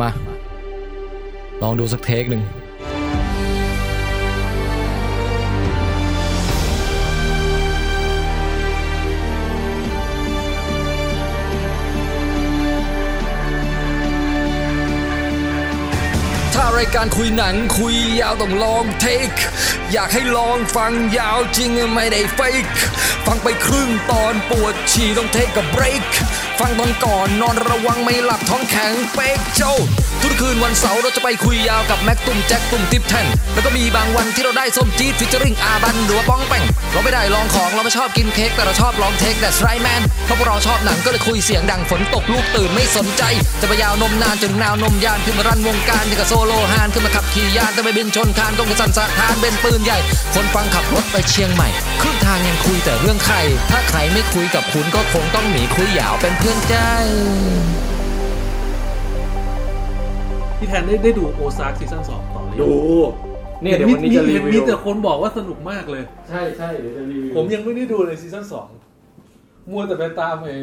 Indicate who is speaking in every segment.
Speaker 1: มา ลองดูสักเทคหนึ่ง ถ้ารายการคุยหนังคุยยาวต้องลองเทค อยากให้ลองฟังยาวจริงไม่ได้เฟกฟังไปครึ่งตอนปวดฉี่ต้องเทคกับเบรกฟังตอนก่อนนอนระวังไม่หลับท้องแข็งเป๊กเจ้า ทุกคืนวันเสาร์เราจะไปคุยยาวกับแม็กตุ้มแจ็คตุ้มทิปแทนแล้วก็มีบางวันที่เราได้ส้มจี๊ดฟิชเจอริงอาบันหรือว่าป้องแป้งเราไม่ได้ลองของเราไม่ชอบกินเค้กแต่เราชอบลองเทคแต่ไรแมนเพราะพวกเราชอบหนังก็เลยคุยเสียงดังฝนตกลูกตื่นไม่สนใจ จะไปยาวนมนานจนนาวนมยานขึ้นมารันวงการที่กับโซโลฮานขึ้นมาขับขี่ยานแต่ไปบินชนคานต้องกระสันสะทานเป็นปืนใหญ่ คนฟังขับรถไปเชียงใหม่ครึ่งทางยังคุยแต่เรื่องใคร ถ้าใครไม่คุยกับคุณก็คงต้องหนีคุยยาวเป็นเพื่อนใจ
Speaker 2: พี่แทนได้ได้ดูโอซา k ซีซั่นสองต่อเลย
Speaker 3: ดู เนี่ยเดี๋ยววันนี้จะรีวิ
Speaker 2: มี
Speaker 3: ว
Speaker 2: แต่คนบอกว่าสนุกมากเลย
Speaker 3: ใช่ใช่เดี๋ยวจะรีวิว
Speaker 2: ผมยังไม่ได้ดูเลยซีซั่นสองมัวแต่ไปตามไอ้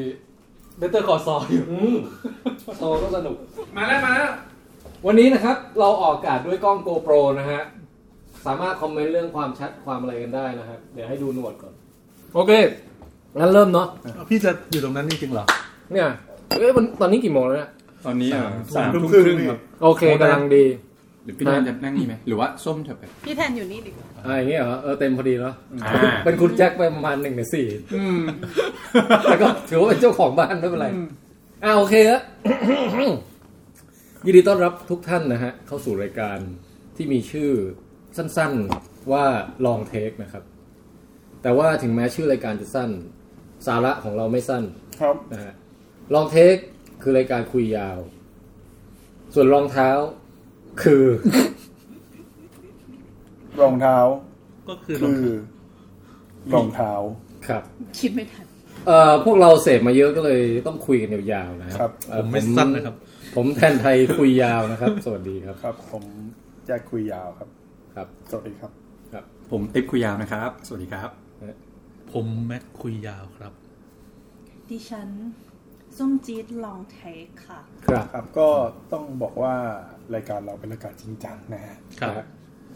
Speaker 2: เบเตอร์คอซออยู่
Speaker 3: อืมโตก็สนุก
Speaker 4: มาแล้วมาแล้ว
Speaker 3: วันนี้นะครับ เราออกอากาศด้วยกล้อง GoPro นะฮะ สามารถคอมเมนต์เรื่องความชัดความอะไรกันได้นะครับ เดี๋ยวให้ดูหนวดก่อน โอเค งั้นเริ่มเนาะ
Speaker 2: พี่จะอยู่ตรงนั้นจริงๆเหรอ
Speaker 3: เนี่ยเอ้ยมันตอนนี้กี่โมงแล้วเนี่ย
Speaker 4: ตอนนี้อ่ะ
Speaker 2: สา
Speaker 4: สามม
Speaker 2: ทุ่
Speaker 4: ทุ่
Speaker 2: ม
Speaker 4: ม
Speaker 2: ค
Speaker 4: ค
Speaker 2: รึ่
Speaker 4: รึ่
Speaker 2: ง
Speaker 4: งครับ
Speaker 3: โอเคกำลังดี
Speaker 4: หรือพี่แทนจะนั่งนี่ไหมหรือว่าส้มเถอะไป
Speaker 5: พี่แทนอยู่นี่ดิ
Speaker 3: อ่าอย่างเงี้ยเหรอ เออเต็มพอดีเนาะ
Speaker 4: อ่า
Speaker 3: เป็นคุณแจ็คไปประมาณหนึ่งในสี่
Speaker 4: อืม
Speaker 3: แล้วก็ถือว่าเป็นเจ้าของบ้านไม่เป็นไร อ่าโอเคฮะ ยินดีต้อนรับทุกท่านนะฮะ เข้าสู่รายการที่มีชื่อสั้นๆว่าลองเทคนะครับ แต่ว่าถึงแม้ชื่อรายการจะสั้น สาระของเราไม่สั้น
Speaker 6: ครับ
Speaker 3: นะฮะลองเทคคือรายการคุยยาว ส่วนรองเท้าคือ
Speaker 6: รองเท้า
Speaker 2: ก็คือ
Speaker 6: คือ รองเท้า
Speaker 3: ครับ
Speaker 5: คิดไม่ทัน
Speaker 3: เอ่อพวกเราเสพมาเยอะก็เลยต้องคุยกันยาวๆนะ
Speaker 6: ค
Speaker 3: ค
Speaker 6: รั
Speaker 3: รับบ เอ่อ
Speaker 2: ผมไม่สั้นนะครับ
Speaker 3: ผมแทนไทยคุยยาวนะครับ สวัสดีครับ
Speaker 6: ครับ ผมแจะคุยยาวครับ
Speaker 3: ครับ
Speaker 6: สวัสดีครับ
Speaker 4: ผมติ๊บคุยยาวนะครับ สวัสดีครับ
Speaker 2: ผมแม็กคุยยาวครับ
Speaker 5: ดิฉันส้มจี๊ดลองเทคค่ะ
Speaker 3: ครับ
Speaker 6: ครับก็ต้องบอกว่ารายการเราเป็นรายการจริงจังนะฮะ
Speaker 2: ครับ
Speaker 3: นะ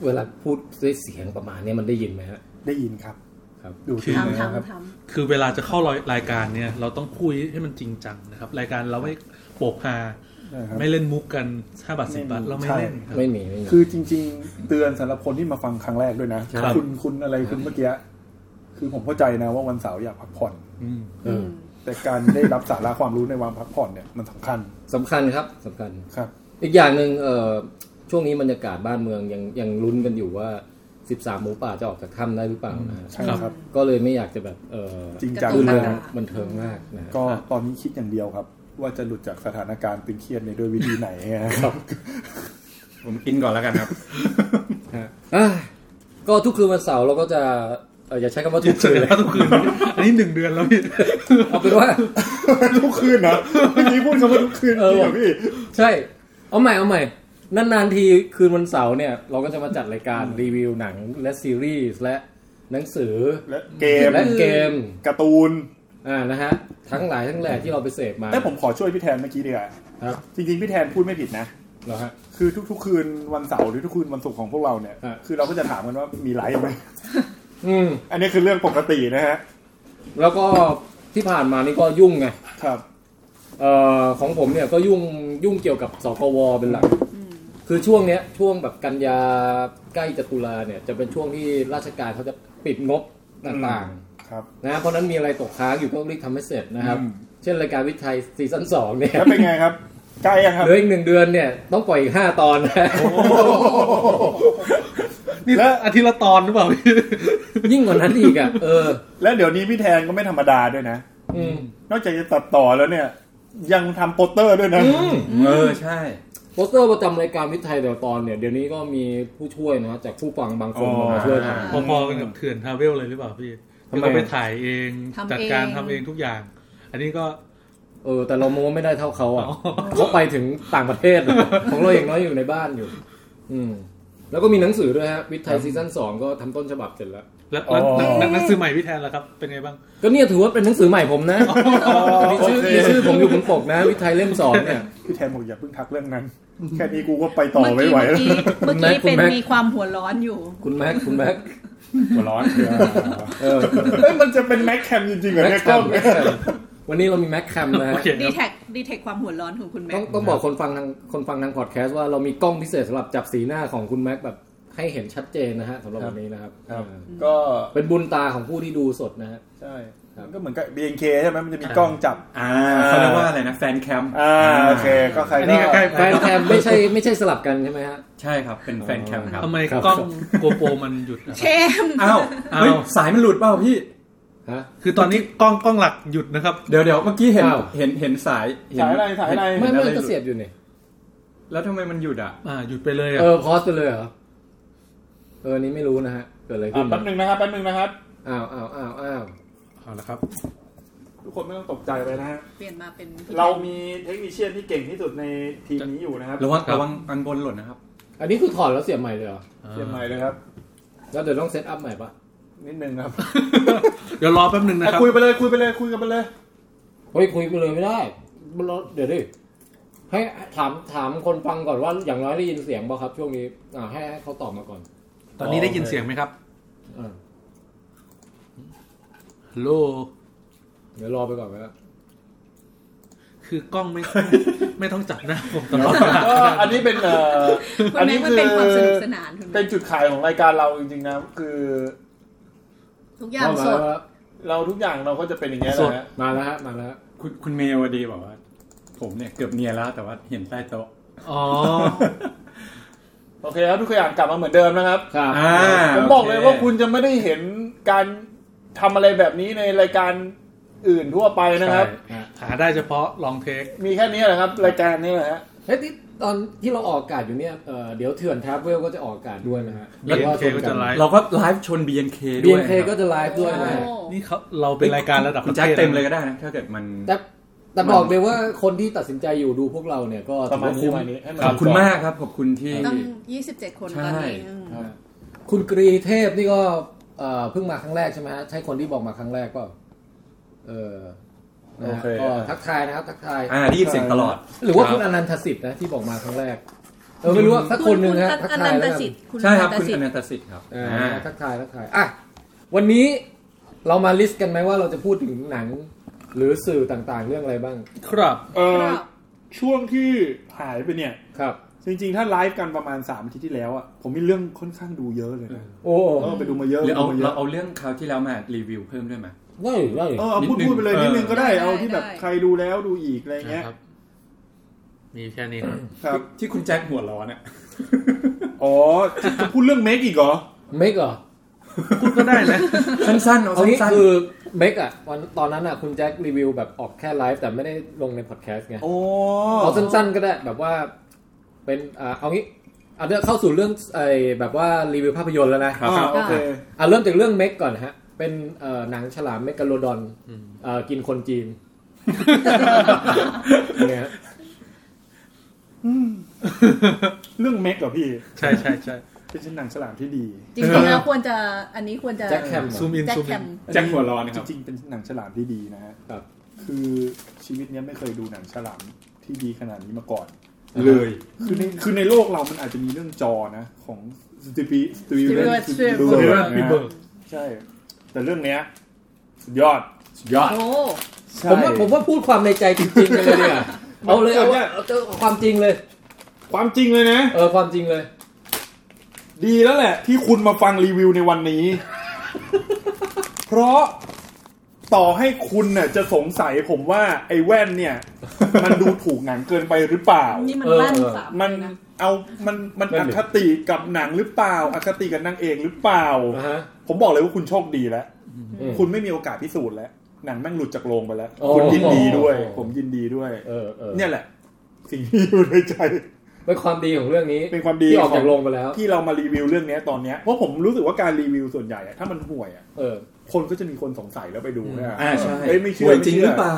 Speaker 3: เวลาพูดด้วยเสียงประมาณนี้มันได้ยินไหมฮะ
Speaker 6: ได้ยินครับ
Speaker 3: ครับ
Speaker 6: ดูที่
Speaker 5: ทำ
Speaker 6: นะครั
Speaker 5: ทำ
Speaker 6: บ
Speaker 5: ท
Speaker 2: คือเวลาจะเข้ารายรายการเนี่ย เราต้องคุยให้มันจริงจังนะครับ รายการเราไม่โปกฮา
Speaker 6: นะครับ
Speaker 2: ไม่เล่นมุกกันห้าบาทสิบบาท
Speaker 6: ไม่มี
Speaker 2: เราไม่
Speaker 6: ใช่
Speaker 2: เล่นครับ
Speaker 3: ไม่มีไม่มี
Speaker 6: คือจริง ๆ เตือนสำหรับคนที่มาฟังครั้งแรกด้วยนะ
Speaker 3: ครับ
Speaker 6: คุณคุณอะไรคุณเมื่อกี้คือผมเข้าใจนะว่าวันเสาร์อยากพักผ่อน
Speaker 2: อืม
Speaker 5: ำ
Speaker 3: เอ
Speaker 5: อื
Speaker 3: อ
Speaker 5: ม
Speaker 6: แต่การได้รับสาระความรู้ในวันพักผ่อนเนี่ยมันสำคัญ
Speaker 3: สำคัญครับสำคัญ
Speaker 6: ครับ
Speaker 3: อีกอย่างหนึ่งเอ่อช่วงนี้บรรยากาศบ้านเมืองยังยังลุ้นกันอยู่ว่า 13 หมูป่าจะออกจากถ้ำได้หรือเปล่านะฮะ
Speaker 6: ใช่ครับ
Speaker 3: ก็เลยไม่อยากจะแบบเออ
Speaker 6: จริงจัง
Speaker 3: คือ
Speaker 6: เล
Speaker 3: เรื่อย ง
Speaker 6: นะ
Speaker 3: บันเทิงมากนะฮะ
Speaker 6: ก็ตอนนี้คิดอย่างเดียวครับ ว่าจะหลุดจากสถานการณ์ตึงเครียดในด้วยวิธีไหนครับ
Speaker 4: ผมกินก่อนแล้วกันครับ
Speaker 3: อ่ะก็ทุกคืนวันเสาร์เราก็จะเอ่ออย่าใช้คำว่าทุกคืนเลย
Speaker 2: ทุกคืนอันนี้หนึ่งเดือนแล้วพี่
Speaker 3: เอาเป็นว่า
Speaker 6: ทุกคืนนะเมื่อกี้พูดคำว่าทุกคืน
Speaker 3: เอ
Speaker 6: จ
Speaker 3: อ
Speaker 6: ริงเหรอพี่
Speaker 3: ใช่ เอาใหม่เอาใหม่นานๆทีคืนวันเสาร์เนี่ย เราก็จะมาจัดรายการรีวิวหนังและซีรีส์และหนังสือ
Speaker 6: และเกม
Speaker 3: และเกม
Speaker 6: การ์ตูน
Speaker 3: อ่านะฮะทั้งหลายทั้งแหล่ที่เราไปเสพมา
Speaker 6: แต่ผมขอช่วยพี่แทนเมื่อกี้ดีกว่า
Speaker 3: ครับ
Speaker 6: จริงๆพี่แทนพูดไม่ผิดนะ
Speaker 3: เหรอฮะ
Speaker 6: คือทุกๆคืนวันเสาร์หรือทุกคืนวันศุกร์ของพวกเราเนี่ย
Speaker 3: ฮะ
Speaker 6: คือเราก็จะถามกันว่ามีไลฟ์ไหม
Speaker 3: อืม
Speaker 6: อันนี้คือเรื่องปกตินะฮะ
Speaker 3: แล้วก็ที่ผ่านมานี่ก็ยุ่งไง
Speaker 6: ครับ
Speaker 3: เอ่อของผมเนี่ยก็ยุ่งยุ่งเกี่ยวกับสกวเป็นหลัก คือช่วงเนี้ยช่วงแบบกันยาใกล้จะตุลาเนี่ยจะเป็นช่วงที่ราชการเขาจะปิดงบต่าง
Speaker 6: ครับ
Speaker 3: ๆนะเพราะนั้นมีอะไรตกค้างอยู่ก็รีบทำให้เสร็จนะครับ
Speaker 6: อืม
Speaker 3: เช่นรายการวิทย์ไทยซีซั่นสองเนี่ย
Speaker 6: แล้วเป็นไงครับใกล้ยังครับ
Speaker 3: เหลืออีกหนึ่งเดือนเนี่ยต้องปล่อยอีกห้าตอนนะ
Speaker 2: นี่แล้วอาทิตย์ละตอนหรือเปล่าพี่
Speaker 3: ยิ่งกว่านั้นอีกอ่ะเออ
Speaker 6: แล้วเดี๋ยวนี้พี่แทนก็ไม่ธรรมดาด้วยนะ
Speaker 3: อืม
Speaker 6: นอกจากจะตัดต่อแล้วเนี่ย ยังทำโปสเตอร์ด้วยนะ
Speaker 4: เออใช่
Speaker 3: โปสเตอร์ประจำรายการวิทย์ไทยแต่ละตอนเนี่ยเดี๋ยวนี้ก็มีผู้ช่วยนะฮะจากผู้ฟังบางคน
Speaker 6: อ๋อ
Speaker 3: มาช่วยท
Speaker 2: พอๆกันกับเถื่อนทราเวลเลยหรือเปล่าพี่
Speaker 3: ทำไม
Speaker 2: ก็ไปถ่ายเอง
Speaker 5: ทำเอง
Speaker 2: จัดการทำเองทุกอย่าง อันนี้ก็
Speaker 3: ำเออแต่เราโม้ไม่ได้เท่าเขาอ่ะเขาไปถึงต่างประเทศอะของเราอย่างน้อยอยู่ในบ้านอยู่ อืมแล้วก็มีหนังสือด้วยฮะวิทย์ไทยซีซั่นสองก็ทำต้นฉบับเสร็จแล้ว
Speaker 2: แล้วแล้ว
Speaker 6: อ๋อ
Speaker 2: หนังหนังสือใหม่พี่แทนล่ะครับ เป็นไงบ้าง
Speaker 3: ก็เนี่ยถือว่าเป็นหนังสือใหม่ผมนะมีชื่อ
Speaker 6: โอเค
Speaker 3: มีชื่อผมอยู่บนปกนะ วิทัยเล่มสองเนี่ย
Speaker 6: พี่แทนบอกอย่าเพิ่งทักเรื่องนั้น แค่นี้กูก็ไปต่อ
Speaker 5: เมื่
Speaker 6: ไม่
Speaker 5: กี้
Speaker 6: ไหว
Speaker 5: เมื่อ
Speaker 6: แล้ว
Speaker 5: กี้เมื่อ
Speaker 3: คุณแม็กซ์คุณ
Speaker 5: กี้เป็น
Speaker 3: แม็กซ์
Speaker 5: มีความหัวร้อนอยู่
Speaker 3: คุณแม็กคุณแม็ก
Speaker 4: หัวร้อน
Speaker 3: เออ
Speaker 6: เอ้ยมันจะเป็นแม็กแคมจริงๆเหรอ
Speaker 3: แม็กแค
Speaker 6: เนี่ยกล้อ
Speaker 3: ม
Speaker 6: ง
Speaker 3: แม็กแคมวันนี้เรามีแม็กแคมนะฮะ
Speaker 2: โอเคค
Speaker 5: ดี
Speaker 2: รับ
Speaker 5: แท็กดีแท็กความหัวร้อนของคุณแม็
Speaker 3: ต้อก ง
Speaker 5: ซ์
Speaker 3: ต้องบอกคนฟังทางคนฟังทางพอดแคสต์ว่าเรามีกล้องพิเศษสำหรับจับสีหน้าของคุณแม็กแบบให้เห็นชัดเจนนะฮะสำหรับวันนี้นะครับเออ
Speaker 6: ก็
Speaker 3: เป็นบุญตาของผู้ที่ดูสดนะฮะ
Speaker 6: ใช่
Speaker 3: ครับ
Speaker 6: มันก็เหมือนกับ BNK ใช่ไหมมันจะมีกล้องจับ
Speaker 4: อ่าเขาเรียกว่าอะไรนะแฟนแคมป์
Speaker 6: อ่า โอเค ก็ใคร
Speaker 2: อัน
Speaker 6: ก็
Speaker 2: นี้ใกล้ๆไป
Speaker 3: แฟนแคมไม่ใช่ไม่ใช่สลับกันใช่ไหมฮะ
Speaker 4: ใช่ครับเป็นแฟนแคมป์ครับ
Speaker 2: ทำไม
Speaker 3: ครับ
Speaker 2: กล้องโกโปรมันหยุดนะค
Speaker 5: เช
Speaker 2: รับ
Speaker 5: ม
Speaker 4: อ้าวเฮ้ย
Speaker 2: อ้าว
Speaker 4: สายมันหลุดเปล่าพี่
Speaker 3: ฮะ
Speaker 2: คือตอนนี้กล้องกล้องหลักหยุดนะครับ
Speaker 4: เดี๋ยวเดี๋ยวเมื่อกี้เห็น
Speaker 3: อ้าว
Speaker 4: เห็นเห็นสายเห็น
Speaker 6: สายอะไรสายอะไร
Speaker 4: เห็น
Speaker 3: ไม่
Speaker 4: เห็น
Speaker 3: ไม่
Speaker 4: อะร
Speaker 3: ก็
Speaker 4: หลุด
Speaker 3: เสียบอยู่นี่
Speaker 4: แล้วทำไมมันหยุดอ่ะ
Speaker 2: อ่าหยุดไปเลยอ่ะ
Speaker 3: เออพอสไปเลยเหรอเออนี่ไม่รู้นะฮะเกิดอะไรขึ้น
Speaker 6: อ่ะแป๊บหนึ่งนะครับ แป๊บหนึ่งนะครับ
Speaker 3: อ้าวอ้าวอ้าวอ้าว
Speaker 2: เอาละครับ
Speaker 6: ทุกคนไม่ต้องตกใจไปนะฮะ
Speaker 5: เปลี่ยนมาเป็น
Speaker 6: เรามีเทคนิคเชียนที่เก่งที่สุดในทีมนี้อยู่นะครับ
Speaker 4: ระวัง
Speaker 2: ครับ
Speaker 4: ระวังอันบนหล่นนะครับ
Speaker 3: อันนี้คือถอดแล้วเสียบใหม่เลยเหรอ
Speaker 6: เชียนใหม่เลยครับ
Speaker 3: แล้วเดี๋ยวต้องเซตอัพใหม่ปะ
Speaker 6: นิดนึงครับ
Speaker 2: เดี๋ยวรอแป๊บหนึ่งนะค
Speaker 6: อ่ะ
Speaker 2: รับ
Speaker 6: คุยไปเลย คุยไปเลย คุยกันไปเลย
Speaker 3: เฮ้ยคุยไปเลยไม่ได้มันรอเดี๋ยวดิให้ถามถามคนฟังก่อนว่าอย่างน้อยได้ยินเสียงบ่าครับ ช่วงนี้อ่าให้ให้เขาตอบมาก่อน
Speaker 2: ตอนนี้ได้ยินเสียงไหมครับ
Speaker 3: เออ
Speaker 2: ฮัลโหล
Speaker 3: เดี๋ยวรอไปก่อนไปแล้ว
Speaker 2: คือกล้องไม่ ไม่ต้องจับหน้าผมตลอดเวลา
Speaker 6: ก็อันนี้เป็นเอ่อ
Speaker 5: คุณ
Speaker 6: อัน
Speaker 5: แม็
Speaker 6: นี้
Speaker 5: กซ์มัน
Speaker 6: คื
Speaker 5: เป็นความส
Speaker 6: อ
Speaker 5: นุกสนานคุณแม็
Speaker 6: เป็
Speaker 5: ก
Speaker 6: น
Speaker 5: ซ์
Speaker 6: จุดขายของรายการเราจริงๆนะ คือ
Speaker 5: ทุกอย่างสด
Speaker 6: เราทุกอย่างเราก็จะเป็นอย่างเงี้ยนะฮะ
Speaker 3: มาแล้วฮะมาแล้วฮะ
Speaker 4: คุณคุณเมลวดีบอกว่า ผมเนี่ยเกือบเนียนแล้วแต่ว่าเห็นใต้โต๊ะ
Speaker 2: อ๋อ
Speaker 6: โอเคครับทุกอย่างกลับมาเหมือนเดิมนะครับ
Speaker 3: ครับ
Speaker 4: อ่า
Speaker 6: ผมบอกเลย
Speaker 4: โอเค
Speaker 6: ว่าคุณจะไม่ได้เห็นการทำอะไรแบบนี้ในรายการอื่นทั่วไปนะครับ
Speaker 3: ฮะ
Speaker 2: หาได้เฉพาะลองเทค
Speaker 6: มีแค่นี้แหละครับ รายการนี้แหละฮะ
Speaker 3: เฮ้ยที่ตอนที่เราออกอากาศอยู่เนี่ยเอ่อเดี๋ยวเถื่อนทราเวลก็จะออกอากาศด้วยนะฮะ
Speaker 2: BNK
Speaker 3: ดี๋ยว่าชนน
Speaker 2: ก็จะไลฟ์
Speaker 4: เราก็ไลฟ์ชน BNK
Speaker 3: บี
Speaker 4: ด้วย
Speaker 3: นเคก็จะไลฟ์ด้วยนะ
Speaker 5: โอ้
Speaker 2: นี่เขาเราเป็นรายการระดับ
Speaker 4: คุ
Speaker 2: ประ
Speaker 4: ณ
Speaker 2: เท
Speaker 4: แจ็ค
Speaker 2: ศ
Speaker 4: เต็มเลยก็ได้นะ ถ้าเกิดมัน
Speaker 3: แต่แต่
Speaker 4: มัน
Speaker 3: บอกเลยว่าคนที่ตัดสินใจอยู่ดูพวกเราเนี่ยก็
Speaker 6: ประมาณนี้
Speaker 3: ถือว่
Speaker 6: ประมาณนี้ให้น
Speaker 4: ขอบคุณมากครับ ขอบคุณที่
Speaker 5: ต้อง 27 คนตอนนี้
Speaker 4: ใช่
Speaker 5: อืม
Speaker 3: อ่าคุณกรีเทพนี่ก็เอ่อเพิ่งมาครั้งแรกใช่ไหมฮะใช่คนที่บอกมาครั้งแรกก็เออนะ
Speaker 4: โอ
Speaker 3: ฮะ
Speaker 4: เค
Speaker 3: ก็ทักทายนะครับทักทาย
Speaker 4: อ่าได้ยินเสียงตลอด
Speaker 3: หรือ
Speaker 2: ค
Speaker 3: ว่า
Speaker 2: รับ
Speaker 3: คุณอนันทสิทธิ์นะที่บอกมาครั้งแรกเออไม่รู้ว่าสักคนหนึ่งฮะทัก
Speaker 5: คุณอ
Speaker 3: ทา
Speaker 5: นั
Speaker 3: ย
Speaker 5: นต
Speaker 3: แล้วกัน
Speaker 5: สิทธิ์คุณ
Speaker 4: ใช่ครับ
Speaker 5: อนันต
Speaker 4: คุณอ
Speaker 5: สิทธิ์
Speaker 4: นันตสิทธิ์ครับ
Speaker 3: อ่า
Speaker 4: อ่า
Speaker 3: ทักทายทักทายอ่ะวันนี้เรามาลิสต์กันไหมว่าเราจะพูดถึงหนัง หรือสื่อต่างๆ เรื่องอะไรบ้าง
Speaker 2: ครับ
Speaker 6: เออช่วงที่หายไปเนี่ย
Speaker 3: ครับ
Speaker 6: จริงๆ ถ้าไลฟ์กันประมาณ3อาทิตย์ที่แล้วอ่ะผมมีเรื่องค่อนข้างดูเยอะเลยนะ
Speaker 3: โอ้
Speaker 6: เออไปดูมาเยอะ
Speaker 4: ห
Speaker 6: ไป
Speaker 4: รือ
Speaker 6: ดู
Speaker 4: เอา
Speaker 6: มาเย
Speaker 4: เรา
Speaker 6: อะ
Speaker 4: เอาเรื่องคราวที่แล้วมารีวิวเพิ่มด้วยไหม
Speaker 3: ได้ได้
Speaker 6: เออเอาพูด
Speaker 4: นิดนึง
Speaker 6: พูดไปเลย
Speaker 4: เออ
Speaker 6: นิดนึงก็ได้
Speaker 5: ได้
Speaker 6: เอาที่แบบ
Speaker 5: ได้
Speaker 6: ใครดูแล้วดูอีกอะไรเงี้ย
Speaker 2: ครับ มีแค่นี้ครับ
Speaker 6: ครับ
Speaker 4: ที่คุณแจ็คหัวร้อนอ่ะ
Speaker 6: อ๋อจะจะพูดเรื่องเมคอีกเหรอ
Speaker 3: เมกเหรอ
Speaker 2: พูดก็ได้นะ
Speaker 4: สั้นๆเอา
Speaker 3: เอางี้
Speaker 4: สั้น
Speaker 3: คือเมกอ่ะวันตอนนั้นอ่ะคุณแจ็ครีวิวแบบออกแค่ไลฟ์แต่ไม่ได้ลงในพอดแคสต์ไง
Speaker 6: โอ้
Speaker 3: เอาสั้นๆก็ได้แบบว่าเป็นอ่าเอางี้เอาเดี๋ยวเข้าสู่เรื่องไอ้แบบว่ารีวิวภาพยนตร์แล้วนะ
Speaker 6: อ่าโอเค
Speaker 3: อ่ะเริ่มจากเรื่องเมกก่อนฮะ เป็นเอ่อหนังฉลามเมกาโลดอนเอ่อกินคนจีนเนี่ยฮะ
Speaker 6: เรื่องเมคเหรอพี่
Speaker 2: ใช่ใช่ใช่
Speaker 6: เป็นหนังฉลามที่ดี
Speaker 5: จริงๆแล้วควรจะอันนี้ควรจะ
Speaker 3: แจ็คแคมเหรอ
Speaker 2: ซูมอิน
Speaker 5: แจ็ค
Speaker 2: ซูม
Speaker 5: แค
Speaker 2: อิน
Speaker 5: ม
Speaker 4: ๆแจ็คหัวร้อนนะครับ
Speaker 6: จริงๆ เป็นหนังฉลามที่ดีนะฮะ
Speaker 3: ครับ
Speaker 6: คือชีวิตเนี้ยไม่เคยดูหนังฉลามที่ดีขนาดนี้มาก่อน
Speaker 4: เลย
Speaker 6: คือในคือในโลกเรามันอาจจะมีเรื่องจอนะ ของสตีปีสตี
Speaker 5: Steven
Speaker 6: เบิ
Speaker 5: Spielberg
Speaker 6: ร์ใช่ แต่เรื่องเนี้ยสุดยอด
Speaker 4: ยอด
Speaker 5: โอ้
Speaker 3: ผมว่าผมว่าพูดความในใจจริงๆกันเลยเนี่ยเอาเลยเอาเอาเอาความจริงเลย
Speaker 6: ความจริงเลยนะ
Speaker 3: เออความจริงเลย
Speaker 6: ดีแล้วแหละ ที่คุณมาฟังรีวิวในวันนี้ เพราะต่อให้คุณน่ะจะสงสัยผมว่าไอ้แว่นเนี่ย มันดูถูกหนังเกินไปหรือเปล่า
Speaker 5: นี่มัน
Speaker 3: เออ
Speaker 5: บ้านสาม
Speaker 6: มัน
Speaker 5: เลยนะ
Speaker 6: เอามันมัน
Speaker 3: นั่
Speaker 6: อน
Speaker 3: ดิ
Speaker 6: คติกับหนังหรือเปล่าอคติกับนางเอกหรือเปล่า
Speaker 3: นะฮะ
Speaker 6: ผมบอกเลยว่าคุณโชคดีแล้ว
Speaker 3: อืม
Speaker 6: คุณไม่มีโอกาสพิสูจน์แล้ว หนังแม่งหลุดจากโรงไปแล้ว
Speaker 3: โอ้
Speaker 6: คุณยินดีด้วย ผมยินดีด้วย
Speaker 3: เออเออ
Speaker 6: เนี่ยแหละ สิ่งที่อยู่ในใจ
Speaker 3: เป็นความดีของเรื่องนี้
Speaker 6: เป็นความดี
Speaker 3: ที่ออก
Speaker 6: ขอ
Speaker 3: จาง กโรงไปแล้ว
Speaker 6: ที่เรามารีวิวเรื่องเนี้ยตอนเนี้ยเพราะผมรู้สึกว่าการรีวิวส่วนใหญ่อะถ้ามันห่วยอะ
Speaker 3: เออ
Speaker 6: คนก็จะมีคนสงสัยแล้วไปดูนะ
Speaker 4: อ่าใช่
Speaker 6: เอ้ยไม่เชื่อ
Speaker 4: ห่วย
Speaker 6: ไม่
Speaker 4: จริง
Speaker 6: ชื่
Speaker 4: หรือเปล่า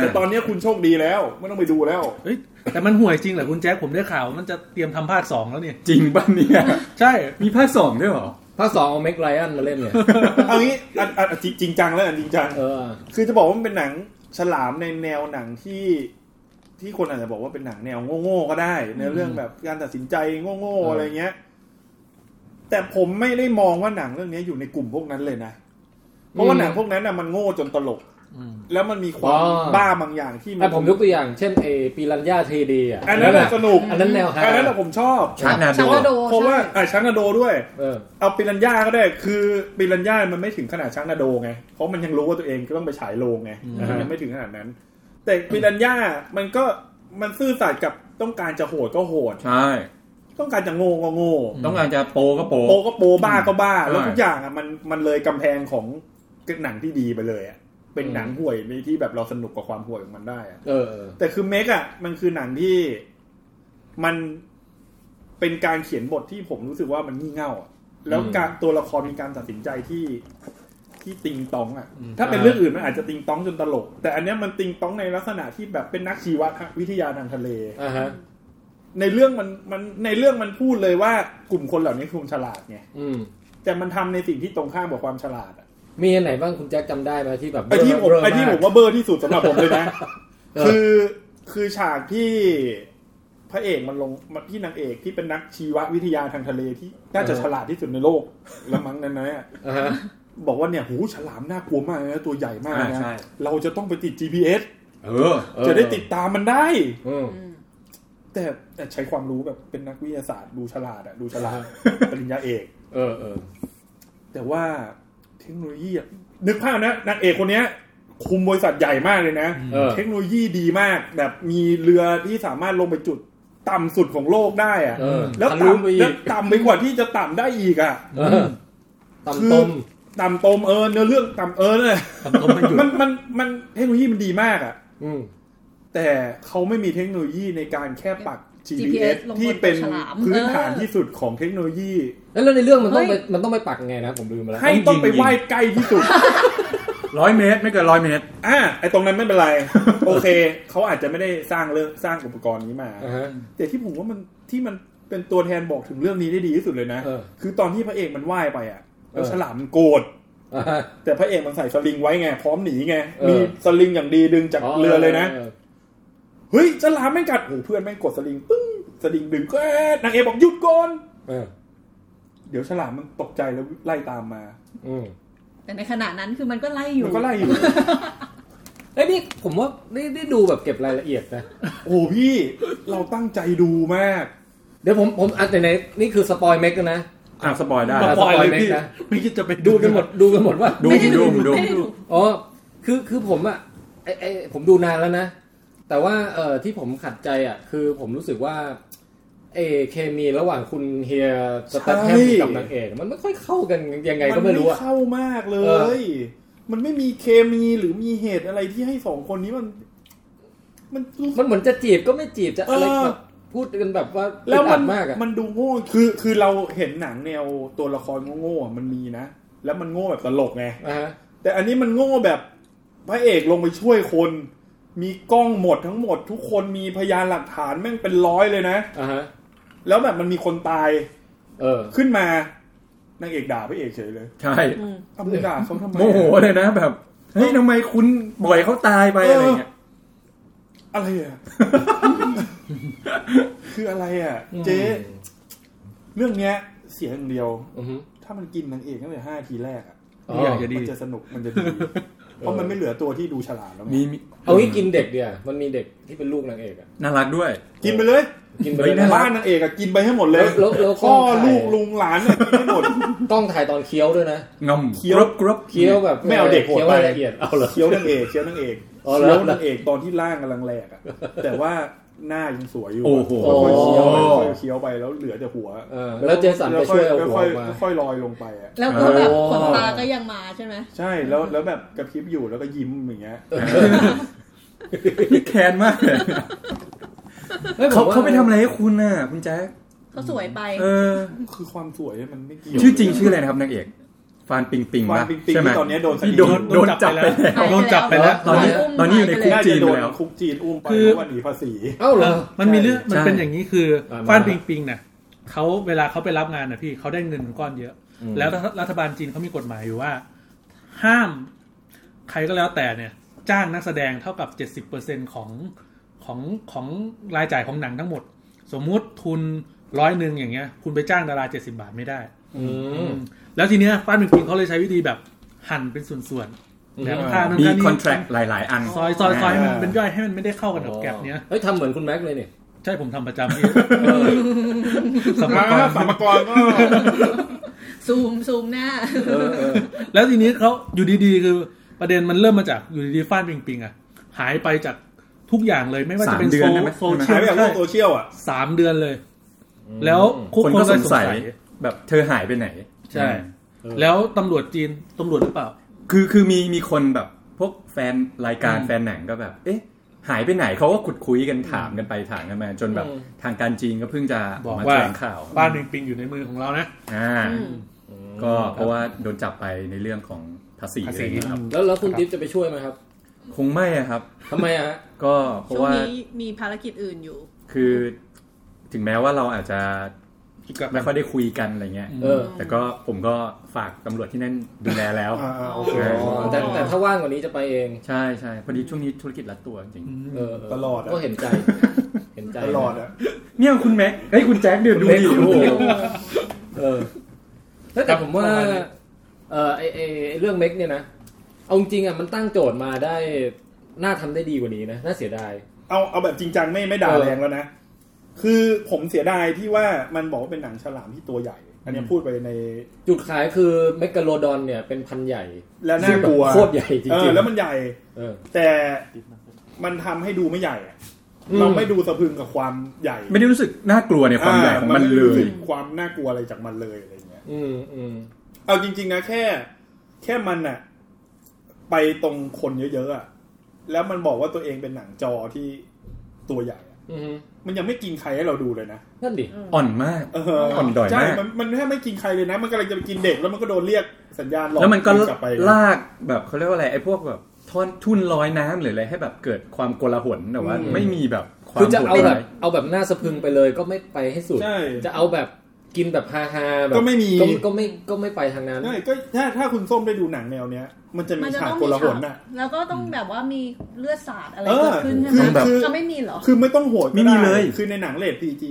Speaker 6: แต่ตอนเนี้ยคุณโชคดีแล้ว ไม่ต้องไปดูแล้ว
Speaker 2: เฮ้ยแต่มันห่วยจริงเหรอคุณแจ็คผมได้ข่าวว่ามันจะเตรียมทำภาคสองแล้วนี่
Speaker 4: จริงป่ะเนี่ย
Speaker 2: ใช่
Speaker 4: มีภาคสองด้วยเหรอ
Speaker 3: ภาคสองเอาเมกไลอันมาเล่นเนี่ย
Speaker 6: เอางี้อันอันอันจริงจริงจังแล้วอันจริงจัง
Speaker 3: เออ
Speaker 6: คือจะบอกว่ามันเป็นหนังฉลามในแนวหนังที่ที่คนอาจจะบอกว่าเป็นหนังแนวโง่ๆก็ได้ในเรื่องแบบการตัดสินใจโง่
Speaker 3: เอ
Speaker 6: ๆ
Speaker 3: ออ
Speaker 6: อะไรเงี้ย แต่ผมไม่ได้มองว่าหนังเรื่องนี้อยู่ในกลุ่มพวกนั้นเลยนะเพราะว่าหนังพวกนั้นน่ะมันโง่จนตลก แล้วมันมีความ
Speaker 3: อ๋อ
Speaker 6: บ้าบางอย่างที่มั
Speaker 3: แต่ผมยกตัวอย่างเช่นเอปีรัญญาเทดีอ่ะ
Speaker 6: อันนั้นน่ะสนุก
Speaker 3: อันนั้นแนวฮา
Speaker 6: อันนั้นน่ะผมชอบ
Speaker 4: ชานาโด
Speaker 7: ชังกระโดด
Speaker 6: เพราะว่าอ่ะช้างนาโดด้วย
Speaker 3: เออ
Speaker 6: เอาปิรันย่าก็ได้ คือปิรันย่ามันไม่ถึงขนาดช้างนาโดไง เพราะมันยังรู้ว่าตัวเองก็ต้องไปฉายโรงไงมันยังไม่ถึงขนาดนั้น แต่ปิรันย่ามันก็มันซื่อสัตย์กับต้องการจะโหดก็โหด
Speaker 4: ใช่
Speaker 6: ต้องการจะโง่ก็โง่
Speaker 4: ต้องการจะโปก็โป
Speaker 6: โปก็โปบ้าก็บ้า
Speaker 4: ใช่
Speaker 6: แล้วทุกอย่างอ่ะมันมันเลยกำแพงของหนังที่ดีไปเลยอ่ะ เป็นหนังห่วยในที่แบบเราสนุกกับความห่วยของมันได้อ่ะ
Speaker 3: เออเออ
Speaker 6: แต่คือเมกอะมันคือหนังที่มันเป็นการเขียนบทที่ผมรู้สึกว่ามันงี่เง่าอะแล้วการตัวละครมีการตัดสินใจที่ที่ติงตองอะถ้าเป็น
Speaker 3: อ่า
Speaker 6: เรื่องอื่นมันอาจจะติงตองจนตลก แต่อันเนี้ยมันติงตองในลักษณะที่แบบเป็นนักชีววิทยาทางทะเล
Speaker 3: อ่าฮะ
Speaker 6: ในเรื่องมันมันในเรื่องมันพูดเลยว่ากลุ่มคนเหล่านี้คือคนฉลาดไง
Speaker 3: อืม
Speaker 6: แต่มันทำในสิ่งที่ตรงข้ามกับความฉลาดอะ
Speaker 3: มีอันไหนบ้างคุณแจ็คจำได้ไหมที่แบบ
Speaker 6: ไอที่ผม
Speaker 3: เบลอๆ
Speaker 6: ไอที่ผม
Speaker 3: ก
Speaker 6: ว่าเบอร์ที่สุดสำหรับผมเลยนะ
Speaker 3: เออ
Speaker 6: คือคือฉากที่พระเอกมันลงมันที่นางเอกที่เป็นนักชีววิทยาทางทะเลที่น่าจะฉลาดที่สุดในโลกละมั้ง นั้นนะเนี่ย
Speaker 3: อ่าฮะ
Speaker 6: บอกว่าเนี่ยหูฉลามน่ากลัวมากเลยนะตัวใหญ่มาก
Speaker 4: อ่า
Speaker 6: นะ
Speaker 4: ใช่
Speaker 6: เราจะต้องไปติด GPS
Speaker 4: เออ
Speaker 3: เออ
Speaker 6: จะได้ติดตามมันได้
Speaker 3: อืม
Speaker 7: อืม
Speaker 6: แต่แต่ใช้ความรู้แบบเป็นนักวิทยาศาสตร์ดูฉลาดอะดูฉลาดปริญญาเอก
Speaker 3: เออเออ
Speaker 6: แต่ว่าเทคโนโลยีอะนึกภาพนะนางเอกคนเนี้ย คุมบริษัทใหญ่มากเลยนะ
Speaker 3: เออ
Speaker 6: เทคโนโลยีดีมาก แบบมีเรือที่สามารถลงไปจุดต่ำสุดของโลกได้อะ
Speaker 3: เออ
Speaker 6: แล้ว
Speaker 3: ทะลุไปอีก
Speaker 6: ต่ำแล้วต่ำไปกว่าที่จะต่ำได้อีกอะ
Speaker 3: เออตำต้ม
Speaker 6: ต่ำตมเออเนื้อเรื่องต่ำเออเนี่ย
Speaker 2: ทำก็ไม่หยุด
Speaker 6: มันมันมันเทคโนโลยีมันดีมากอะ
Speaker 3: อืม
Speaker 6: แต่เขาไม่มีเทคโนโลยีในการแค่ปัก GPS
Speaker 7: GPS ลงบน
Speaker 6: ที่เป็น
Speaker 7: ฉลาม
Speaker 6: พื้นฐาน
Speaker 7: เออ
Speaker 6: ที่สุดของเทคโนโลยี
Speaker 3: แล้วในเรื่องมันต้องไปมันต้องไปปักไงนะผมลืมไปแล้ว
Speaker 6: ให้ต้องไปไหว้ใกล้ที่สุด
Speaker 4: ร้อยเมตร ไม่เกินร้อยเมตร
Speaker 6: อ่าไอตรงนั้น ไม่เป็นไร โอเค เขาอาจจะไม่ได้สร้างเรื่องสร้างอุปกรณ์นี้มา
Speaker 3: อ่าฮะ
Speaker 6: แต่ที่ผมว่ามันที่มันเป็นตัวแทนบอกถึงเรื่องนี้ได้ดีที่สุดเลยนะ
Speaker 3: เออ
Speaker 6: คือตอนที่พระเอกมันว่ายไปอ่ะแล้ว
Speaker 3: เออ
Speaker 6: ฉลามมันโกรธ
Speaker 3: อ่าฮะ
Speaker 6: แต่พระเอกมันใส่สลิงไว้ไง พร้อมหนีไง
Speaker 3: เออ
Speaker 6: มีสลิงอย่างดีดึงจากเรือเลยนะ
Speaker 3: ออ
Speaker 6: เฮ้ยฉลามแม่งกัดโอ้โหเพื่อนแม่งกดสลิงปึ้งสลิงดึงแกรดนางเอกบอกหยุดก่อน
Speaker 3: เออ
Speaker 6: เดี๋ยวฉลามมันตกใจแล้วไล่ตาม มา
Speaker 3: อืม
Speaker 7: แต่ในขณะนั้นคือมันก็ไล่อยู่
Speaker 6: มันก็ไล่อยู่
Speaker 3: ไอ้ยนี่ผมว่าได้ได้ดูแบบเก็บรายละเอียดนะ
Speaker 6: โอ้โหพี่เราตั้งใจดูมาก
Speaker 3: เดี๋ยวผมผมอันไหนๆนี่คือสปอยเมกนะ
Speaker 4: อ่ะสปอยได้
Speaker 2: มาปล่อยเลยพี่
Speaker 3: นะ
Speaker 2: ไม่คิดจะไป
Speaker 3: ดูกันหมดดูกันหมดว่า
Speaker 4: ดูดูดูดู
Speaker 7: ไม่ไดู
Speaker 3: อ๋อ คือ คือผมอะไอไอผมดูนานแล้วนะ แต่ว่า เอ่อ ที่ผมขัดใจอะคือผมรู้สึกว่า เออเคมีระหว่างคุณเฮียสแตทแฮม
Speaker 6: ใช่
Speaker 3: กับนางเอกมันไม่ค่อยเข้ากันยังไง
Speaker 6: มั
Speaker 3: ก็ไม่รู้อะ
Speaker 6: เข้ามากเล
Speaker 3: เอ
Speaker 6: ย มันไม่มีเคมีหรือมีเหตุอะไรที่ให้สองคนนี้มัน มันรู้สึก
Speaker 3: มันเหมือนจะจีบก็ไม่จีบจะอะไร
Speaker 6: เออ
Speaker 3: แบบพูดกันแบบว่า
Speaker 6: แล้วมัน
Speaker 3: อึดอัดมากอะ
Speaker 6: มันดูโง่ คือคือเราเห็นหนังแนวตัวละครโง่ๆอ่ะมันมีนะ แล้วมันโง่แบบตลกไง
Speaker 3: อ่าฮะ
Speaker 6: แต่อันนี้มันโง่แบบพระเอกลงไปช่วยคน มีกล้องหมดทั้งหมด ทุกคนมีพยานหลักฐานแม่งเป็นร้อยเลยนะ
Speaker 3: อ่าฮะ
Speaker 6: แล้วแบบมันมีคนตาย
Speaker 3: เออ
Speaker 6: ขึ้นมานางเอกด่าพระเอกเฉยเลย
Speaker 4: ใช่
Speaker 6: เอามึงด่าเขาทำไม
Speaker 4: โมโหเลยนะแบบ เฮ้ยทำไมคุณปล่อยเขาตายไปอะไรเงี้ย
Speaker 6: อะไร อ่ะ คืออะไรอ่ะ เจ๊ เรื่องเนี้ยเสียอย่างเดียว
Speaker 3: อือฮึ
Speaker 6: ถ้ามันกินนางเอกตั้งแต่ห้าทีแรกอ่ะ
Speaker 3: อ๋อ
Speaker 2: อยากจะดี
Speaker 6: มันจะสนุกมันจะดี เพราะมันไม่เหลือตัวที่ดูฉลาดแล้วไง
Speaker 4: มี
Speaker 3: เอางี้กินเด็กเดียวมันมีเด็กที่เป็นลูกนางเอกอะ
Speaker 4: น่ารักด้วย
Speaker 6: กินไปเลย
Speaker 3: กินไปเลย
Speaker 4: เฮ้ยน่า
Speaker 3: นะ
Speaker 4: รัก
Speaker 6: บ้านนางเอกอะกินไปให้หมดเลย
Speaker 3: แล้วแล้วแล้ว
Speaker 6: พ่อ
Speaker 3: ใคร
Speaker 6: ลูกลุงหลานอะกินให้หมด
Speaker 3: ต้องถ่ายตอนเคี้ยวด้วยนะ
Speaker 4: งอม
Speaker 6: เคี้ยว
Speaker 4: กรุบกรุบ
Speaker 3: เคี้ยวแบบ
Speaker 6: ไม่เอาเด็กโหด
Speaker 3: เคี้ยว
Speaker 6: ไป
Speaker 3: รายละเอียด เอาเหรอ
Speaker 6: เคี้ยวนางเอกเคี้ยวนางเอก
Speaker 3: อ๋อแล้
Speaker 6: เคี้ยว วนางเอกตอนที่ร่างกำลังแหลกอ่ะแต่ว่าหน้ายังสวยอยู่
Speaker 4: โอ้โห
Speaker 6: ค่อยๆเคี้ยวไปค่อยๆเคี้ยวไปแล้วเหลือแต่หัว
Speaker 3: เออแล้วเจสันไปช่วยเอาหัว
Speaker 6: ค่
Speaker 3: อ
Speaker 6: อ
Speaker 3: อย กมา
Speaker 6: ๆค่อยๆลอยลงไปอ่ะ
Speaker 7: แล้วก็แบบ
Speaker 3: โอ้
Speaker 7: ขนตาก็ยังมาใช่ไหม
Speaker 6: ใช่แล้วแล้วแบบกระพริบอยู่แล้วก็ยิ้มอย่างเงี้ย
Speaker 4: นี่แค้นมากเลย
Speaker 3: ฮ้ยผ
Speaker 4: เขา
Speaker 3: มว่
Speaker 4: เขาไปทำอะไรให้คุณน่ะ คุณแจ๊ค
Speaker 7: เขาสวยไป
Speaker 4: เออ
Speaker 6: คือความสวยมันไม่เกี่ยว
Speaker 4: ชื่อจริงชื่ออะไรนะครับนางเอก ฟานปิงปิง
Speaker 6: ควา
Speaker 4: ปะ
Speaker 6: มปิงปิง
Speaker 4: ใช่ไหม
Speaker 6: ที่ตอนเนี้ยโดนค
Speaker 4: ที่
Speaker 6: ดี
Speaker 4: โดนโดนจับไปแล้ว
Speaker 2: โดนจับไปแล้ว
Speaker 4: ตอนนี้ตอนนี้อยู่ในคุก
Speaker 6: น่า
Speaker 4: จีน
Speaker 6: จะโด
Speaker 4: ไป
Speaker 6: น
Speaker 4: แล้ว
Speaker 6: คุกจีนอุ้มไป
Speaker 2: คือ
Speaker 6: เพราะว่าหนีภาษี
Speaker 3: เอ้าเหรอ
Speaker 2: มันมีเรื่องมัน
Speaker 4: ใช่
Speaker 2: เป็นอย่างนี้คือ
Speaker 3: อ่ามา
Speaker 2: ฟ้านปิงปิงเนี่ยเขาเวลาเขาไปรับงานนะพี่เขาได้เงินก้อนเยอะ
Speaker 3: อืม
Speaker 2: แล้วรัฐรัฐบาลจีนเขามีกฎหมายอยู่ว่า ห้ามใครก็แล้วแต่เนี่ย จ้างนักแสดงเท่ากับ 70%ของของของรายจ่ายของหนังทั้งหมด สมมุติทุนร้อยหนึ่งอย่างเงี้ย คุณไปจ้างดารา70 บาทไม่ได้
Speaker 3: อืม
Speaker 2: แล้วทีเนี้ยป้านเป็นกินเขาเลยใช้วิธีแบบหั่นเป็นส่วน
Speaker 3: อื
Speaker 2: ๆ
Speaker 3: ม
Speaker 2: แล้วค่านั้น
Speaker 4: มี
Speaker 2: ค่านี้
Speaker 4: คอนแทรคหลาย ๆ อัน
Speaker 2: ซอยซอยซอยให้มัน
Speaker 6: อ่า
Speaker 2: เป็นย่อยให้มันไม่ได้เข้ากันกับแกลบเนี้ย
Speaker 3: เฮ้ยทำเหมือนคุณแม็กซ์เลยเนี่ย
Speaker 2: ใช่ผมทำประจำพี่ สำหรับ
Speaker 6: อ่าสามกรก็
Speaker 7: ซูมซูมหน้า
Speaker 3: เออเออ
Speaker 2: แล้วทีนี้เขาอยู่ดีๆ คือประเด็นมันเริ่มมาจากอยู่ดีๆฟ้านปิงปิงอ่ะ หายไปจากทุกอย่างเลยไม่ว่าจะเป็นโซโซเชี
Speaker 6: หา
Speaker 2: ล
Speaker 6: ยไปจากโลกโซเชียลอ่ะ
Speaker 2: สามเดือนเลย แล้ว
Speaker 4: คนก็สงสัยแบบเธอหายไปไหน
Speaker 2: ใช่ แล้วตำรวจจีนตำรวจหรือเปล่า
Speaker 4: คือคือมีมีคนแบบพวกแฟนรายการ
Speaker 2: อืม
Speaker 4: แฟนหนังก็แบบ เอ๊ะ หายไปไหนเขาก็ขุดคุยกันถามกันไปถามกันมา จนแบบทางการจีนก็เพิ่งจะอ
Speaker 2: บอก อก
Speaker 4: มา
Speaker 2: ว่า
Speaker 4: แถลงข่าว
Speaker 2: ป้านปิงปิงอยู่ในมือของเรานะ
Speaker 4: อ่า
Speaker 7: อืม
Speaker 4: ก็เพราะว่าโดนจับไปในเรื่องของภาษี
Speaker 2: ภา
Speaker 4: อะไร
Speaker 2: ษี
Speaker 4: เงี้ยครับ
Speaker 3: แล้วแล้วคุณติ๊บจะไปช่วยไหมครับ
Speaker 4: คงไม่อะครับ
Speaker 3: ทำไมอะฮะ
Speaker 4: ก็เพราะ
Speaker 7: ช่วง
Speaker 4: ว่า
Speaker 7: นี้มีภารกิจอื่นอยู่
Speaker 4: คือถึงแม้ว่าเราอาจจะ
Speaker 2: ที่กับ
Speaker 4: ไม่ค่อยได้คุยกันอะไรเงี้ย
Speaker 3: เออ
Speaker 4: แต่ก็ผมก็ฝากตำรวจที่นั่นดูแลแล้ว
Speaker 6: อ่าๆโอเค
Speaker 3: อ๋อแต่แต่ถ้าว่างกว่านี้จะไปเอง
Speaker 4: ใช่ใช่พอดีช่วงนี้ธุรกิจรัดตัวจริง
Speaker 3: เออเ
Speaker 6: ตลอดอะ
Speaker 3: ก็เห็นใจ เห็นใจ
Speaker 6: ตลอดอ่ะ
Speaker 4: เนี่ยคุณแม็กเอ้ยคุณแจ็คเดี๋ยวดู
Speaker 3: เล็ก
Speaker 4: ดิ
Speaker 3: โอ้
Speaker 4: โอ้
Speaker 3: โห
Speaker 4: โห
Speaker 3: เออแล้วแต่ผมว่า
Speaker 2: ประมาณนี้
Speaker 3: เออไอไอไอ้เรื่องเม็กเนี่ยนะ เอาจริงๆอ่ะมันตั้งโจทย์มาได้ น่าทำได้ดีกว่านี้นะ น่าเสียดาย
Speaker 6: เอาเอาแบบจริงจังไม่ไม่ด่า
Speaker 3: เออ
Speaker 6: แรงแล้วนะ คือผมเสียดายที่ว่ามันบอกว่าเป็นหนังฉลามที่ตัวใหญ่ อันเนี้ยพูดไปใน
Speaker 3: จุดขายคือเมกะโลดอนเนี่ยเป็นพันธุ์ใหญ่
Speaker 6: แล้วน่ากลัว
Speaker 3: ซึ่งแบบโคตรใหญ่จ
Speaker 6: เอ
Speaker 3: ริ
Speaker 6: อง
Speaker 3: ๆ
Speaker 6: แล้วมันใหญ่
Speaker 3: เออ
Speaker 6: แต่มันทำให้ดูไม่ใหญ่อะ
Speaker 3: อืม
Speaker 6: เราไม่ดูสะพรึงกับความใหญ่
Speaker 4: ไม่ได้รู้สึกน่ากลัวในความใหญ่ของมัน
Speaker 6: ไได้
Speaker 4: เลย
Speaker 6: รู้สึกความน่ากลัวอะไรจากมันเลยอะไรอย่างเงี้ย
Speaker 3: อืมอืม
Speaker 6: เอาจริง ๆ นะแค่ แค่มันน่ะ ไปตรงคนเยอะๆอะแล้วมันบอกว่าตัวเองเป็นหนังจอที่ตัวใหญ่อะ
Speaker 3: อืม
Speaker 6: มันยังไม่กินใครให้เราดูเลยนะ
Speaker 3: นั่นดิ
Speaker 4: อ่อนมาก
Speaker 6: เอ
Speaker 4: อ่อนด้อยมาก
Speaker 6: ใช่มันมันแทบไม่กินใครเลยนะ มันกำลังจะไปกินเด็กแล้วมันก็โดนเรียกสัญญาณหลอก
Speaker 4: แล้วมันก็
Speaker 6: กลับไปนะ
Speaker 4: ลากแบบเขาเรียกว่าอะไรไอ้พวกแบบท่อนทุ่นลอยน้ำหรืออะไรให้แบบเกิดความโกลาหลแต่ว่า
Speaker 3: อืม
Speaker 4: ไม่มีแบบความ
Speaker 3: คือจะเอาแบ
Speaker 4: โหดร้
Speaker 3: บ
Speaker 4: ย
Speaker 3: เอาแบบหน้าสะพรึงไปเลยก็ไม่ไปให้สุด
Speaker 6: ใช่
Speaker 3: จะเอาแบบกินแบบฮาฮาๆแบบ
Speaker 6: ก็ไม่มี
Speaker 3: ก็ก็ไม่ก็ไม่ไปทางนั้น
Speaker 6: ใช่ก็ถ้าถ้าคุณส้มได้ดูหนังแนวเนี้ย มันจะมี
Speaker 7: มันจะ
Speaker 6: ฉาก
Speaker 7: ต้อง
Speaker 6: โก
Speaker 7: มี
Speaker 6: ลาห
Speaker 7: ฉา
Speaker 6: ล
Speaker 7: ก
Speaker 6: น่ะ
Speaker 7: แล้วก็ต้องแบบว่ามีเลือดสาดอะไร
Speaker 6: เออ
Speaker 7: เกิดขึ้นใช่ไหม
Speaker 6: คือแบบ
Speaker 7: จะไม่มีเหรอ
Speaker 6: คือไม่ต้องโหดก็
Speaker 4: ไม่มีเลย
Speaker 6: คือในหนังเลท PG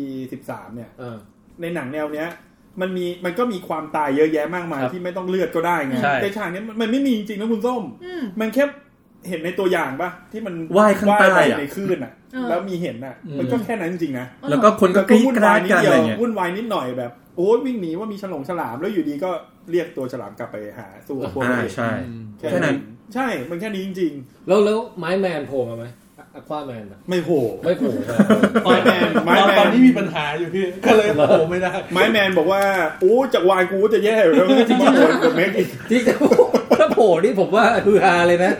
Speaker 6: 13เนี่ย
Speaker 3: เออ
Speaker 6: ในหนังแนวเนี้ย มันมีมันก็มีความตายเยอะแยะมากมาย
Speaker 2: ครับ
Speaker 6: ที่ไม่ต้องเลือดก็ได้ไง
Speaker 2: ใช่
Speaker 6: แต่ฉากเนี้ยมันมันไม่มีจริงนะคุณส้ม
Speaker 7: อืม
Speaker 6: มันแค่เห็นในตัวอย่างปะที่มัน
Speaker 4: ว่ายข้างใต้อะ
Speaker 6: ว่ไปในคลื่นอ่ะ
Speaker 7: เออ
Speaker 6: แล้วมีเห็นอ่ะ มันก็แค่นั้นจริงๆนะ
Speaker 4: แล้วก็คนก็กรี๊ด
Speaker 6: วุ่นวาร
Speaker 4: กาย ด
Speaker 6: นิด
Speaker 4: กัน
Speaker 6: เดี
Speaker 4: อะ
Speaker 6: ยว
Speaker 4: ไรเงี้ย
Speaker 6: วุ่นวายนิดหน่อยแบบโอ้ยวิ่งหนีว่ามีฉลงฉลามแล้วอยู่ดีก็เรียกตัวฉลามกลับไปหาสู้กับพวก
Speaker 4: อ่า
Speaker 6: นี้
Speaker 4: ใช่
Speaker 2: อืม
Speaker 4: แค่นั้น
Speaker 6: ใช่มันแค่นี้จริง
Speaker 3: แล้วแล้วไม้แมนโผล่มาไหมอควาแมน
Speaker 6: ๆ ไม่โห
Speaker 3: ไม่โผล่มา
Speaker 6: ไม้แมนไม้แมน
Speaker 2: ตอนนี้มีปัญหาอยู่พี่ ก็เลยโผล่ไม่ได้
Speaker 6: ไม้แมนบอกว่าโอ้จากวายกูจะแย่อยู่แล้วมันก็ จะมาโดนกับเมกอีก
Speaker 3: จริงๆถ้าโผล่นี่ผมว่าฮือฮาเลยนะ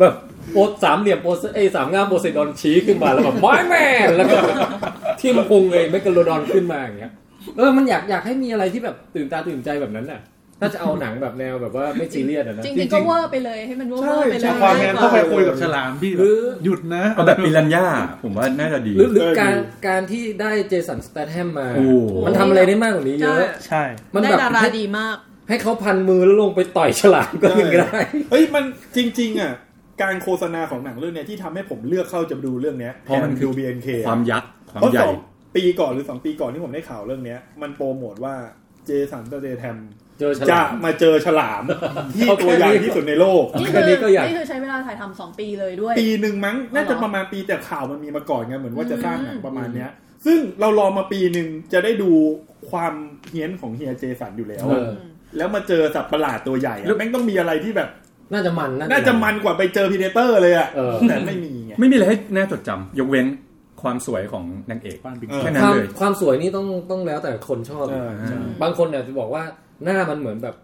Speaker 3: แบบโปสสามเหลี่ยมโปสเอยสามง่ามโปเซดอนชี้ขึ้นมาแล้วแบบไม้แมนแล้วก็ ที่มันพุงเลยเมกะโลดอนขึ้นมาอย่างเงี้ยเออมันอยากอยากให้มีอะไรที่แบบตื่นตาตื่นใจแบบนั้นน่ะถ้าจะเอาหนังแบบแนวแบบว่าไม่ซีเรียสอะนะ
Speaker 7: จริงๆก็เวอร์ไปเลยให้มันเวอร์เวอร์ไปเลย
Speaker 2: ควายแม
Speaker 7: ง่าย
Speaker 2: น
Speaker 7: ก
Speaker 2: เข้า
Speaker 7: ว่า
Speaker 2: ไปคุยกับฉลามพี่
Speaker 3: หรือ
Speaker 2: หยุดนะ
Speaker 4: เอาแบบปิรันย่าผมว่าน่าจะดี
Speaker 3: หรือหรือการการที่ได้เจสันสแตทแฮมมา
Speaker 4: โอ้
Speaker 3: มันทำอะไรได้มากกว่านี้เยอะ
Speaker 2: ใช่
Speaker 3: มัน
Speaker 7: ได้
Speaker 3: แบบ
Speaker 7: ดารา
Speaker 3: ให้
Speaker 7: ดีมาก
Speaker 3: ให้เขาพันมือแล้วลงไปต่อยฉลามก็ยังได้
Speaker 6: เฮ้ยมันจริง ๆ อ่ะ การโฆษณาของหนังเรื่องเนี้ยที่ทำให้ผมเลือกเข้าจะดูเรื่องเนี้ย
Speaker 4: เพราะมันคือ
Speaker 6: ดู BNK
Speaker 4: ความยักษ์ความ
Speaker 6: เพราะ
Speaker 4: ให
Speaker 6: ส
Speaker 4: ญ่
Speaker 6: องปีก่อนหรือสองปีก่อนที่ผมได้ข่าวเรื่องเนี้ย มันโปรโมทว่าเจสันเตแทม
Speaker 3: เจอฉ
Speaker 6: จะ
Speaker 3: ลาม
Speaker 6: มาเจอฉลาม ที่
Speaker 3: เอาแค่
Speaker 6: ตัวใหญ่
Speaker 3: นี้
Speaker 6: ที่สุดในโลก
Speaker 7: นี่
Speaker 3: แค่
Speaker 7: คือ
Speaker 3: นี้ก็อยาก
Speaker 7: นี่คือใช้เวลาถ่ายทำสองปีเลยด้วย
Speaker 6: ปีหนึ่งมั้ง น่าจะ
Speaker 7: อ๋อเหรอ
Speaker 6: ประมาณปีแต่ข่าวมันมีมาก่อนไงเหมือนว่าจะสร้างหนัง
Speaker 7: อืม
Speaker 6: ประมาณเนี้ย ซึ่งเรารอมาปีหนึ่งจะได้ดูความเฮี้ยนของเฮียเจสันอยู่แล้ว
Speaker 3: เอ
Speaker 6: อะ
Speaker 3: อ
Speaker 6: แล้วมาเจอสัตว์ประหลาดตัวใหญ่อะแม่งต้องมีอะไรที่แบบ
Speaker 3: น่าจะมัน
Speaker 6: น่าจะมันกว่าไปเจอพีเดเตอร์เลยอะ
Speaker 3: เออ
Speaker 6: แต่ไม่มีไง
Speaker 4: ไม่มีอะไรให้น่าจดจำยกเว้นความสวยของนางเอก
Speaker 2: บ้านปิง
Speaker 6: เออ
Speaker 4: แค่
Speaker 3: ค
Speaker 4: นั้น
Speaker 3: วาม
Speaker 4: เลย
Speaker 3: ความสวยนี่ต้องต้องแล้วแต่คนชอบ
Speaker 6: เออใช่
Speaker 3: บางคนเนี่ยจะบอกว่าหน้ามันเหมือนแบบ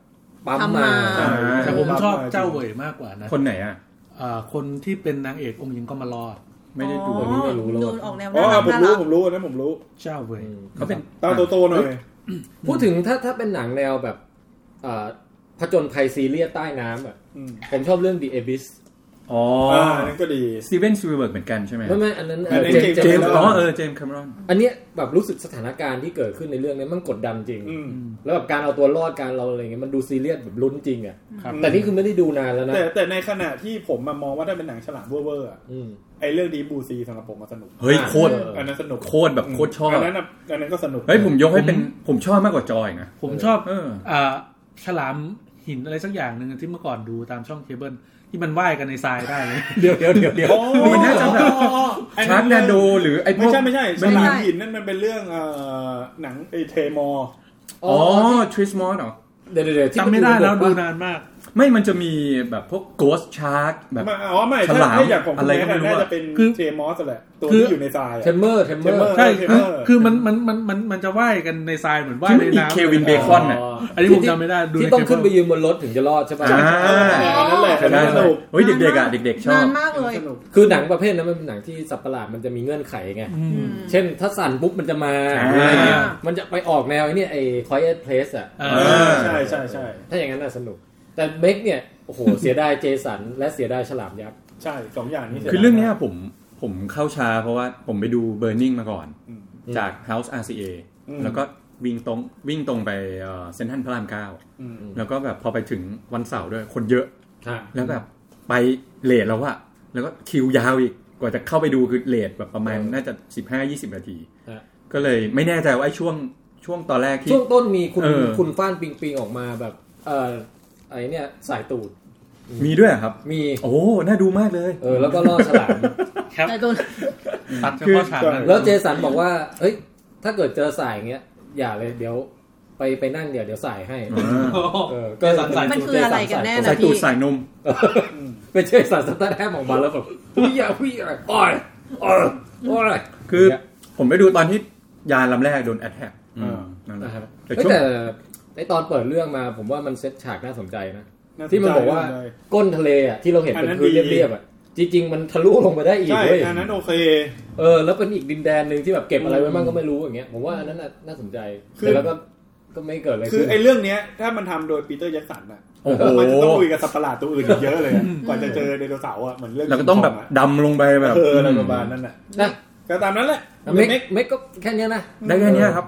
Speaker 3: ปั๊ม
Speaker 7: ทำ
Speaker 3: มา
Speaker 7: มา
Speaker 4: อ่า
Speaker 2: แต่ผมชอบเจ้าเหวยมากกว่านะ
Speaker 4: คนไหนอ่ะ
Speaker 2: เอ่อคนที่เป็นนางเอกองค์หญิงก็มารอด
Speaker 4: ไม่ได้ดู
Speaker 3: อ๋อ ไม่รู้เลย
Speaker 7: ดูออกแนว
Speaker 6: อ๋
Speaker 7: น่า
Speaker 6: อ
Speaker 7: รัก
Speaker 6: ผม
Speaker 7: น่ารัก
Speaker 6: รู้ผมรู้อันนะผมรู้
Speaker 2: เจ้าเหวย
Speaker 3: อืม
Speaker 4: เขาเป็น
Speaker 6: ตาโตๆหน่อย
Speaker 3: พูดถึงถ้าถ้าเป็นหนังแนวแบบเอ่อผจญภัยซีเรียสใต้น้ำอ่ะ
Speaker 6: อืม
Speaker 3: ผมชอบเรื่อง The Abyss
Speaker 4: อ๋อ
Speaker 6: อ่าอันนั้นก็ดี
Speaker 4: สตีเวนสปีลเบิร์กเหมือนกันใช่ไหม
Speaker 3: ไม่ไม่อันนั้นเอ่อ
Speaker 6: อันนั้น
Speaker 3: เจมส์
Speaker 6: เจ
Speaker 4: เจม
Speaker 6: มส์
Speaker 4: ส์
Speaker 3: ส์
Speaker 4: อ๋
Speaker 3: อ๋
Speaker 4: อ
Speaker 3: อ
Speaker 4: เอ
Speaker 3: เออ
Speaker 4: อเจมส์แคมรอน
Speaker 3: อันเนี้ยแบบรู้สึกสถานการณ์ที่เกิดขึ้นในเรื่องเนี้ยมันกดดันจริง
Speaker 6: อืม
Speaker 3: แล้วแบบการเอาตัวรอดการเราอะไรเงี้ยมันดูซีเรียสแบบลุ้นจริงอ่ะ
Speaker 2: ครับ
Speaker 3: แต่นี่คือไม่ได้ดูนานแล้วนะ
Speaker 6: แต่แต่ในขณะที่ผมมามองว่าถ้าเป็นหนังฉลามเว่อร์ๆอะ
Speaker 3: อืม
Speaker 6: ไอเรื่องดีบูซีสำหรับผมมาสนุก
Speaker 4: เฮ้ยโคตร
Speaker 3: เออ
Speaker 6: อันนั้นสนุก
Speaker 4: โคตรแบบโคตรชอบ
Speaker 6: อันนั้นน่ะอันนั้นก็สนุก
Speaker 4: เฮ้ยผมยกให้เป็นผมชอบมากกว่าจอยนะ
Speaker 2: ผมชอบ
Speaker 4: เออ
Speaker 2: เอ่อฉลามหินอะไรสักอย่างหนึ่งที่เมื่อก่อนดูตามช่องเคเบิลที่มันว่ายกันในทรายได้เลย
Speaker 4: เดี๋ยวเดี๋ยวเดี๋ยวเดี๋ยว
Speaker 6: โอ้
Speaker 4: มีน่าจะแบบ
Speaker 6: อ๋ออ๋ออั
Speaker 4: ชาร์กนาโดหรือไอ้พ
Speaker 6: ไม่
Speaker 4: วก
Speaker 6: ใช่ไม่ใช่ฉ
Speaker 4: ไม่
Speaker 6: ลา
Speaker 4: ใช่
Speaker 6: มหินนั่นมันเป็นเรื่องเอ่อหนังไอเทมอร์
Speaker 4: อ๋อทริสมอนเหรอ
Speaker 3: เดี๋ยวเดี๋ยวเดี๋ยวที่
Speaker 2: จำไม่ได้แล้วดู
Speaker 3: นะ
Speaker 2: นานมาก
Speaker 4: ไม่มันจะมีแบบพวกโกสชาร์กแบบ
Speaker 6: ไม่อ๋อไม่
Speaker 4: ฉ
Speaker 6: ถ้า
Speaker 4: ลาม
Speaker 6: ถ้าอย่างของคุณ
Speaker 4: อะไร
Speaker 6: แม่
Speaker 4: ก็ไม่รู้
Speaker 6: น่า
Speaker 4: อะ
Speaker 6: จะเป็น
Speaker 2: คือ
Speaker 6: เทมอสแหละตัว
Speaker 2: คือ
Speaker 6: ที่อยู่ในทรายอะ
Speaker 3: เทมเมอร์เทมเมอ
Speaker 6: Tremor
Speaker 3: ร์
Speaker 2: ใช่
Speaker 6: เอ
Speaker 2: คือ
Speaker 6: อเออ
Speaker 2: คือมันมันมันมันมันจะว่ายกันในทรายเหมือนว่าย
Speaker 4: ที่
Speaker 2: ใน
Speaker 4: มันมี
Speaker 2: น้ำ
Speaker 4: เควินเบคอนน่ะ
Speaker 2: อันนี้ผมจำไม่ได้ดูใน
Speaker 3: ที่ต้องขึ้น
Speaker 2: เคเบิ
Speaker 3: ไป
Speaker 2: ล
Speaker 3: ยืนบนรถถึงจะรอดใช่ปะ
Speaker 4: อ่า
Speaker 6: อันนั้นแหละ
Speaker 4: ใช่
Speaker 6: อัน
Speaker 4: ไหม
Speaker 6: นั้นสนุก
Speaker 4: เฮ้ยเด็กๆอ่ะเด็กๆชอน
Speaker 7: าน
Speaker 4: บ
Speaker 7: มากเลย
Speaker 6: สนุก
Speaker 3: คือหนังประเภทนั้นมันเป็นหนังที่สับประหลาดมันจะมีเงื่อนไขไง
Speaker 7: อืม
Speaker 3: เช่นถ้าสั่นปุ๊บมันจะมา
Speaker 4: อ่า
Speaker 3: อะไรเงี้ยมันจะไปออกแนวไอ้เนี่ยไอ้ quiet place อ่ะ
Speaker 2: เอ
Speaker 6: เอ
Speaker 2: อ
Speaker 6: อใช่ใช่ใช่
Speaker 3: ถ้าอย่างนั้นน่ะสนุก แต่เมกเนี่ย โอ้โห เสียดายเจสัน และเสียดายฉลามยักษ์
Speaker 6: ใช่สองอย่างนี้สีย
Speaker 4: คือเรื่องเนี้ยผมผมเข้าช้าเพราะว่าผมไปดู Burning มาก่อน
Speaker 6: อืม
Speaker 4: จาก House RCA
Speaker 6: อืม
Speaker 4: แล้วก็วิ่งตรงวิ่งตรงไปเซนทันพระรามเก้า
Speaker 6: อืม
Speaker 4: แล้วก็แบบพอไปถึงวันเสาร์ด้วยคนเยอะ
Speaker 3: ฮะ
Speaker 4: แล้วแบบไปเลทแล้วอะแล้วก็คิวยาวอีก กว่าจะเข้าไปดูคือเลทแบบประมาณ
Speaker 3: เออ
Speaker 4: น่าจะ 15 20 นาที
Speaker 3: ฮะ
Speaker 4: ก็เลยไม่แน่ใจว่าไอ้ช่วงช่วงตอนแรกที่
Speaker 3: ช่วงต้นมีคุณ
Speaker 4: เออ
Speaker 3: คุณฟ้านปิงปิงออกมาแบบ เอ่อไอ้เนี่ยสายตูด
Speaker 4: มีด้วยเหรอครับ
Speaker 3: มี
Speaker 4: โอ้ น่าดูมากเลย
Speaker 3: เออ แล้วก็ล่อฉลาม
Speaker 2: ครับ
Speaker 7: แต่ตัว
Speaker 2: ตัดเฉพาะฉากนั้น
Speaker 3: แล้วเจสันบอกว่า เฮ้ย ถ้าเกิดเจอสายอย่างเงี้ย อย่าเลยเดี๋ยวไปไปนั่งเดี๋ยวเดี๋ยวสายให้
Speaker 2: โอ้โห
Speaker 3: เออ
Speaker 2: เจสันสาย
Speaker 7: มันคืออะไรกันแน่
Speaker 4: ใส่
Speaker 7: นะ
Speaker 4: ตู
Speaker 7: พี่
Speaker 4: ดใส่นม
Speaker 3: เป็นเจสันสตาร์ทแฮมออกมาแล้วแบบวิ่งวิ่งอ่อยอ่อยอ่อย
Speaker 4: คือผมไปดูตอนที่ยานลำแรกโดนแอดแทกนั่นแหละ
Speaker 3: นะครับ
Speaker 4: แต่
Speaker 3: เฮ้ย
Speaker 4: ช่วง
Speaker 3: แต่ไอตอนเปิดเรื่องมาผมว่ามันเซตฉากน่าสนใจนะ
Speaker 6: าสใจ
Speaker 3: ที่มันบอกว่า
Speaker 6: เลย
Speaker 3: ก้นทะเลอ่ะที่เราเห็น
Speaker 6: อั
Speaker 3: เป็
Speaker 6: น
Speaker 3: น
Speaker 6: นั้น
Speaker 3: พื้น
Speaker 6: ดี
Speaker 3: เรียบๆอ่ะจริงๆ มันทะลุลงไปได้อีก
Speaker 6: ใช่
Speaker 3: เว้ย
Speaker 6: อันนั้นโอเค
Speaker 3: เออแล้วเป็นอีกดินแดนหนึ่งที่แบบเก็บอะไรไว้บ้างก็ไม่รู้อย่างเงี้ยผมว่าอันนั้นน่ะน่าสนใจ
Speaker 6: คือ
Speaker 3: แต่แล้วก็ก็ไม่เกิดอะไร
Speaker 6: คือ
Speaker 3: ขึ้น
Speaker 6: ไอ้เรื่องเนี้ยถ้ามันทำโดยปีเตอร์แจ็คสันน่ะ
Speaker 4: โอ้โห
Speaker 6: มันจะต้องคุยกับสัตว์ประหลาดตัวอื่นอีกเยอะเลยอะกว่าจะเจอไดโนเสาร์อ่ะเหมือนเรื่อง
Speaker 4: เราก็ต้องแบบดำลงไปแบบ
Speaker 6: เอออะไรประมาณนั้นน่ะ
Speaker 3: นะ
Speaker 6: ก็ตามนั้นแหละ
Speaker 3: เมกเมกก็แค่เนี้ยนะ
Speaker 4: ได้แค่เนี้ยครับ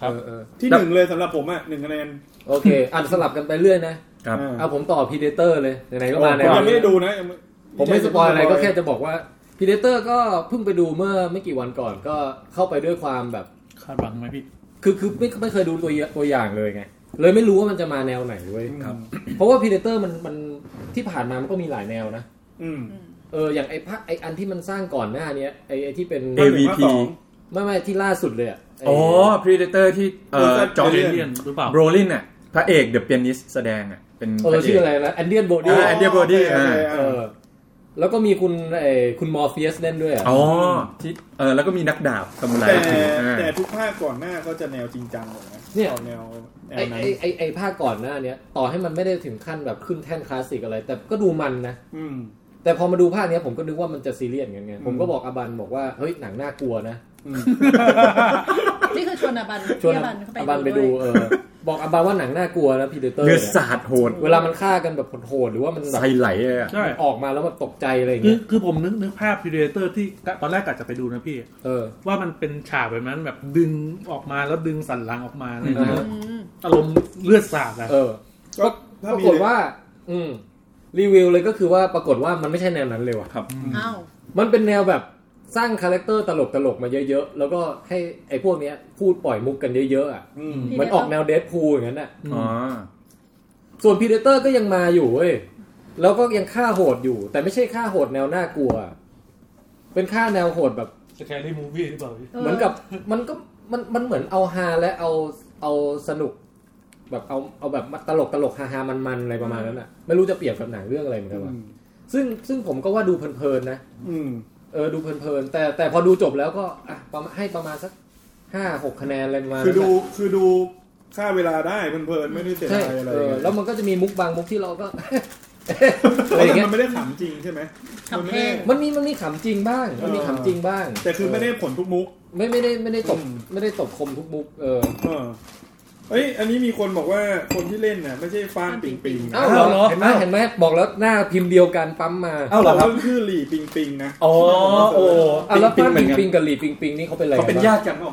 Speaker 2: ครับ
Speaker 3: เออเออ
Speaker 6: ที่หนึ่งเลยสำหรับผมอ่ะหนึ่งคะแนน
Speaker 3: โอเคอ่านสลับกันไปเรื่อยนะครับ
Speaker 6: อ่า
Speaker 3: เอาผมต่อพีเดเตอร์เลยไหนๆก็มา
Speaker 6: ผ
Speaker 3: แล้ว
Speaker 6: มยังไม่ได้ดูนะยัง
Speaker 3: ผมไม่สปอยอะไรก็แค่จะบอกว่าพีเดเตอร์ก็เพิ่งไปดูเมื่อไม่กี่วันก่อนก็เข้าไปด้วยความแบบ
Speaker 2: คาดหวังไหมพี่
Speaker 3: คือคือไม่ไม่เคยดูตัวอย่างตัวอย่างเลยไง เลยไม่รู้ว่ามันจะมาแนวไหนเว้ย
Speaker 6: ครับ
Speaker 3: เพราะว่าพีเดเตอร์มันมันที่ผ่านมามันก็มีหลายแนวนะ
Speaker 6: อืม
Speaker 3: เอออย่างไอ้ภาคไอ้อันที่มันสร้างก่อนหน้าเนี้ยไอ้ไอ้ที่เป็น
Speaker 4: AVP
Speaker 3: ไม่ไม่ที่ล่าสุดเลยอะไ
Speaker 4: อ๋อ Predator ที่เอ่อ
Speaker 6: Predator
Speaker 4: จอร์
Speaker 6: Alien
Speaker 4: น
Speaker 2: เลี่ยนหรือเปล่า
Speaker 4: โบรลินอ่ะพระเอกเดอะเปียนิสแสดงอ่ะเป็น
Speaker 3: เอ
Speaker 4: พ
Speaker 3: อ
Speaker 4: ระเอ
Speaker 3: ชื่อก อะไรนะแอนเดียนโบ
Speaker 6: อ๋
Speaker 3: ดี้
Speaker 6: อ
Speaker 4: อ่า Andy Brody
Speaker 6: โอเค
Speaker 3: เอ
Speaker 6: โอเค
Speaker 3: อแล้วก็มีคุณไอ้คุณมอร์เฟียสเล่นด้วยอะ
Speaker 4: อ๋อที่เออแล้วก็มีนักดาบตำรา
Speaker 6: แต่
Speaker 4: ถืออ่า
Speaker 6: แต่ทุกภาคก่อนหน้าก็จะแนวจริงจังหมดนะ
Speaker 3: เนี่ย
Speaker 6: แนวแนว
Speaker 3: ไอ้
Speaker 6: นั้น
Speaker 3: ไอ้ไอ้ไอ้ภาคก่อนหน้าเนี้ยต่อให้มันไม่ได้ถึงขั้นแบบขึ้นแท่นคลาสสิกอะไร แต่ก็ดูมันนะ
Speaker 6: อืม
Speaker 3: แต่พอมาดูภาคเนี้ยผมก็นึกว่ามันจะซีเรียสอย่างเงี้ย
Speaker 6: อืม
Speaker 3: ผมก็บอกอาบันบอกว่าเฮ้ยหนังน่ากลัวนะ
Speaker 6: อืม
Speaker 7: นี่คือชวนอาบัน
Speaker 3: ชวน
Speaker 7: พี่อา
Speaker 3: อา
Speaker 7: บันเข้าไป
Speaker 3: บันไปดู
Speaker 7: ด้วย
Speaker 3: เออ บอกอาบันว่าหนังน่ากลัวนะพีเดเตอร์
Speaker 4: เลือดสาดโหด
Speaker 3: เวลามันฆ่ากันแบบโหดๆหรือว่ามันแบบ
Speaker 4: ใส่ไหลเลยอ่ะ
Speaker 2: ใช่
Speaker 3: ออกมาแล้วมันตกใจอะไรอย่าง
Speaker 2: คือ
Speaker 3: เงี้ย
Speaker 2: คือผมนึกนึกภาพพีเดเตอร์ที่ตอนแรกกะจะไปดูนะพี่
Speaker 3: เออ
Speaker 2: ว่ามันเป็นฉากแบบนั้นแบบดึงออกมาแล้วดึงสันหลังออกมาอะไรอย่างเงี้ย
Speaker 3: อืม
Speaker 7: อืม
Speaker 2: อารมณ์เลือดสาดอะ
Speaker 3: เออ
Speaker 6: ก็ถ้า
Speaker 3: ป
Speaker 6: มี
Speaker 3: รากฏว่า อืมรีวิวเลยก็คือว่าปรากฏว่ามันไม่ใช่แนวนั้นเลยว่ะ
Speaker 4: ครับ
Speaker 7: อ้าว
Speaker 3: มันเป็นแนวแบบสร้างคาแรคเตอร์ตลกๆมาเยอะๆแล้วก็ให้ไอ้พวกเนี้ยพูดปล่อยมุกกันเยอะๆอ่ะ
Speaker 6: อืม
Speaker 3: มันออกแนวเดดพูลอย่างนั้นอ่ะ
Speaker 4: อ๋อ
Speaker 3: ส่วนพีเดเตอร์ก็ยังมาอยู่เว้ย แล้วก็ยังฆ่าโหดอยู่ แต่ไม่ใช่ฆ่าโหดแนวน่ากลัว เป็นฆ่าแนวโหดแบบ
Speaker 2: สแครี่มูฟี่หรือเปล่าพี่
Speaker 3: เหมือนกับมันก็มันมันเหมือนเอาฮาและเอาเอาสนุก แบบเอาเอาแบบตลกตลกฮาฮามันมันอะไรประมาณนั้นอ่ะ ไม่รู้จะเปรียบกับหนังเรื่องอะไรเหมือนกันว่ะซึ่งซึ่งผมก็ว่าดูเพลินๆนะ
Speaker 6: อืม
Speaker 3: เออดูเพลินๆ แต่แต่พอดูจบแล้วก็อ่ะประมาณให้ประมาณสักห้าหกคะแนนอะไรประมาณ
Speaker 6: คือ
Speaker 3: นั้น
Speaker 6: ดู
Speaker 3: น่ะ
Speaker 6: คือดูค่าเวลาได้เพลินๆไม่ได้เสีย
Speaker 3: ใช่
Speaker 6: ดายอะไร
Speaker 3: เออ
Speaker 6: เงี้ย
Speaker 3: แล้วมันก็จะมีมุกบางมุกที่เรา ก็ อะไรอ
Speaker 6: แต่
Speaker 3: ย่างเงี้ย
Speaker 6: มันไม่ได้ขำจริงใช่ไหมมันไม่ได้
Speaker 3: มันมีมันมีขำจริงบ้าง มันมี
Speaker 6: เออ
Speaker 3: ขำจริงบ้าง
Speaker 6: แต่คือไม่ได้ผลทุกมุก
Speaker 3: ไม่ไม่ได้ไม่ได้ตบ
Speaker 6: อืม
Speaker 3: ไม่ได้ตบคมทุกมุกเออ
Speaker 6: เออ เอ้ย อันนี้มีคนบอกว่าคนที่เล่นน่ะไม่ใช่ฟานปิงปิงนะ
Speaker 3: อ้าวเหร
Speaker 2: เหร
Speaker 3: อ
Speaker 2: อ
Speaker 3: เห็นไหมเห็นไหมบอกแล้วหน้าพิมพ์เดียวกันปั๊มมา
Speaker 6: เขาบอกว่าชื่อหลี่ปิงปิงนะ
Speaker 4: อ๋อโอ้
Speaker 3: อ้าวแล้ว
Speaker 4: ปิ๊
Speaker 3: ป้าง
Speaker 4: ๆเหมื
Speaker 3: ปิ
Speaker 4: อง น
Speaker 3: ปิง
Speaker 4: กัน
Speaker 3: กับหลีปิงปิงนี่เขาเป็นอะไร
Speaker 4: เขาเป็น
Speaker 3: วะ
Speaker 4: ญาติกันเปล่า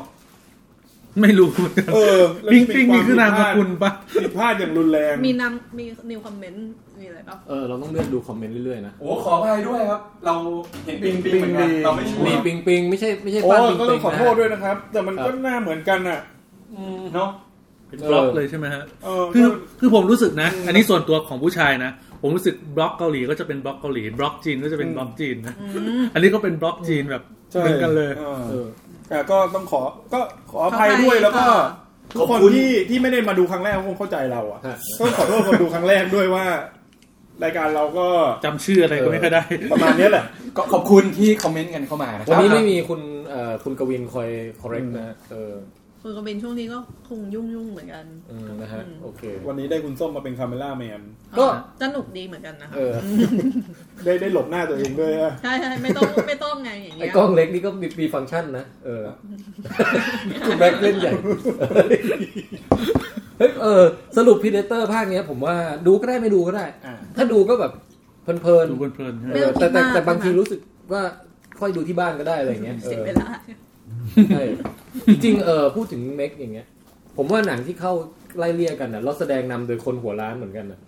Speaker 2: ไม่รู้เหมือนกัน
Speaker 6: เออแล้ว
Speaker 2: ปิงปิงนี่คือนามสกุลปะ
Speaker 6: ผิดพลาดอย่างรุนแรง
Speaker 7: มีนำมีนิวคอมเมนต์มีอะไรป่ะ
Speaker 3: เออเราต้องเลื่อนดูคอมเมนต์เรื่อยๆนะ
Speaker 4: โอ้ขออภัยด้วยครับ เราเห็นปิงปิงเหมือนกัน
Speaker 6: ปิงปิง
Speaker 4: เราไม่ชัว
Speaker 3: หลี
Speaker 4: ร์
Speaker 3: ปิงปิงไม่ใช่ไม่ใช่
Speaker 6: โอ้
Speaker 3: ป้าปิง
Speaker 6: ก็
Speaker 3: ปิ
Speaker 6: ต้องงขอโทษ
Speaker 3: นะ
Speaker 6: ด้วยนะครับ แต่มันก็
Speaker 3: เออ
Speaker 6: หน้าเหมือนกันอ่ะ
Speaker 4: เนาะ
Speaker 2: เป็นบล็อกเลยใช่ไหมฮะ
Speaker 6: เออ
Speaker 2: คือคือผมรู้สึกนะ อันนี้ส่วนตัวของผู้ชายนะ ผมรู้สึกบล็อกเกาหลีก็จะเป็นบล็อกเกาหลีบล็อกจีนก็จะเป็นบล็อกจีนนะอันนี้ก็เป็นบล็อกจีนแบบ
Speaker 6: ใช่
Speaker 2: เหมือนกันเลย
Speaker 6: ออ
Speaker 3: เออ
Speaker 6: แต่ก็ต้องขอก็ขออภัยด้วยแล้วก็ทุกคนที่ที่ไม่ได้มาดูครั้งแรกก็คงเข้าใจเราอ่ะ
Speaker 3: ฮะ
Speaker 6: ก็ขอโทษคนดูครั้งแรกด้วยว่า รายการเราก็
Speaker 2: จำชื่ออะไรก็ไม่ค่อยได้
Speaker 6: ประมาณเนี้ยแหละ
Speaker 4: ก็ขอบคุณที่คอมเมนต์กันเข้ามาะครับ
Speaker 3: วันนี้ไม่มีคุณเอ่อคุณกวินคอย correct นะฮะเออ
Speaker 7: คุณกบินช่วงนี้ก็คงยุ่งยุ่งๆเหมือนกัน
Speaker 3: อืมนะฮะโอเค
Speaker 6: วันนี้ได้คุณส้มมาเป็นคาเมล่าแมน
Speaker 3: ก็
Speaker 7: สนุกดีเหมือนกันนะคะ
Speaker 3: เออ
Speaker 6: ได้ได้หลบหน้าตัวเองด้วยอะ
Speaker 7: ใช่ใช่ไม่ต้อง ไม่ต้องไงอย่าง
Speaker 3: ไอ้
Speaker 7: เงี้ย
Speaker 3: กล้องเล็กนี่ก็มีมีฟังก์ชันนะเออคุณแบ็คเล่นใหญ่เฮ้ยเออสรุปพีเดเตอร์ภาคเนี้ย ผมว่าดูก็ได้ไม่ดูก็ได้
Speaker 6: อ่ะ
Speaker 3: ถ้าดูก็แบบเพลิน
Speaker 2: ดูเพลินๆ
Speaker 3: ๆ
Speaker 2: ใช่ไหม
Speaker 3: เออแต่แต่แต่บางทีรู้สึกว่าค่อยดูที่บ้านก็ได้อะไรเงี้ยเอ
Speaker 7: เสีย
Speaker 3: อ
Speaker 7: เวลา
Speaker 3: ใช่จริงๆเออพูดถึงเม็กอย่างเงี้ย ผมว่าหนังที่เข้าไล่เลี่ยกันน่ะแล้วแสดงนำโดยคนหัวล้านเหมือนกันน่ะ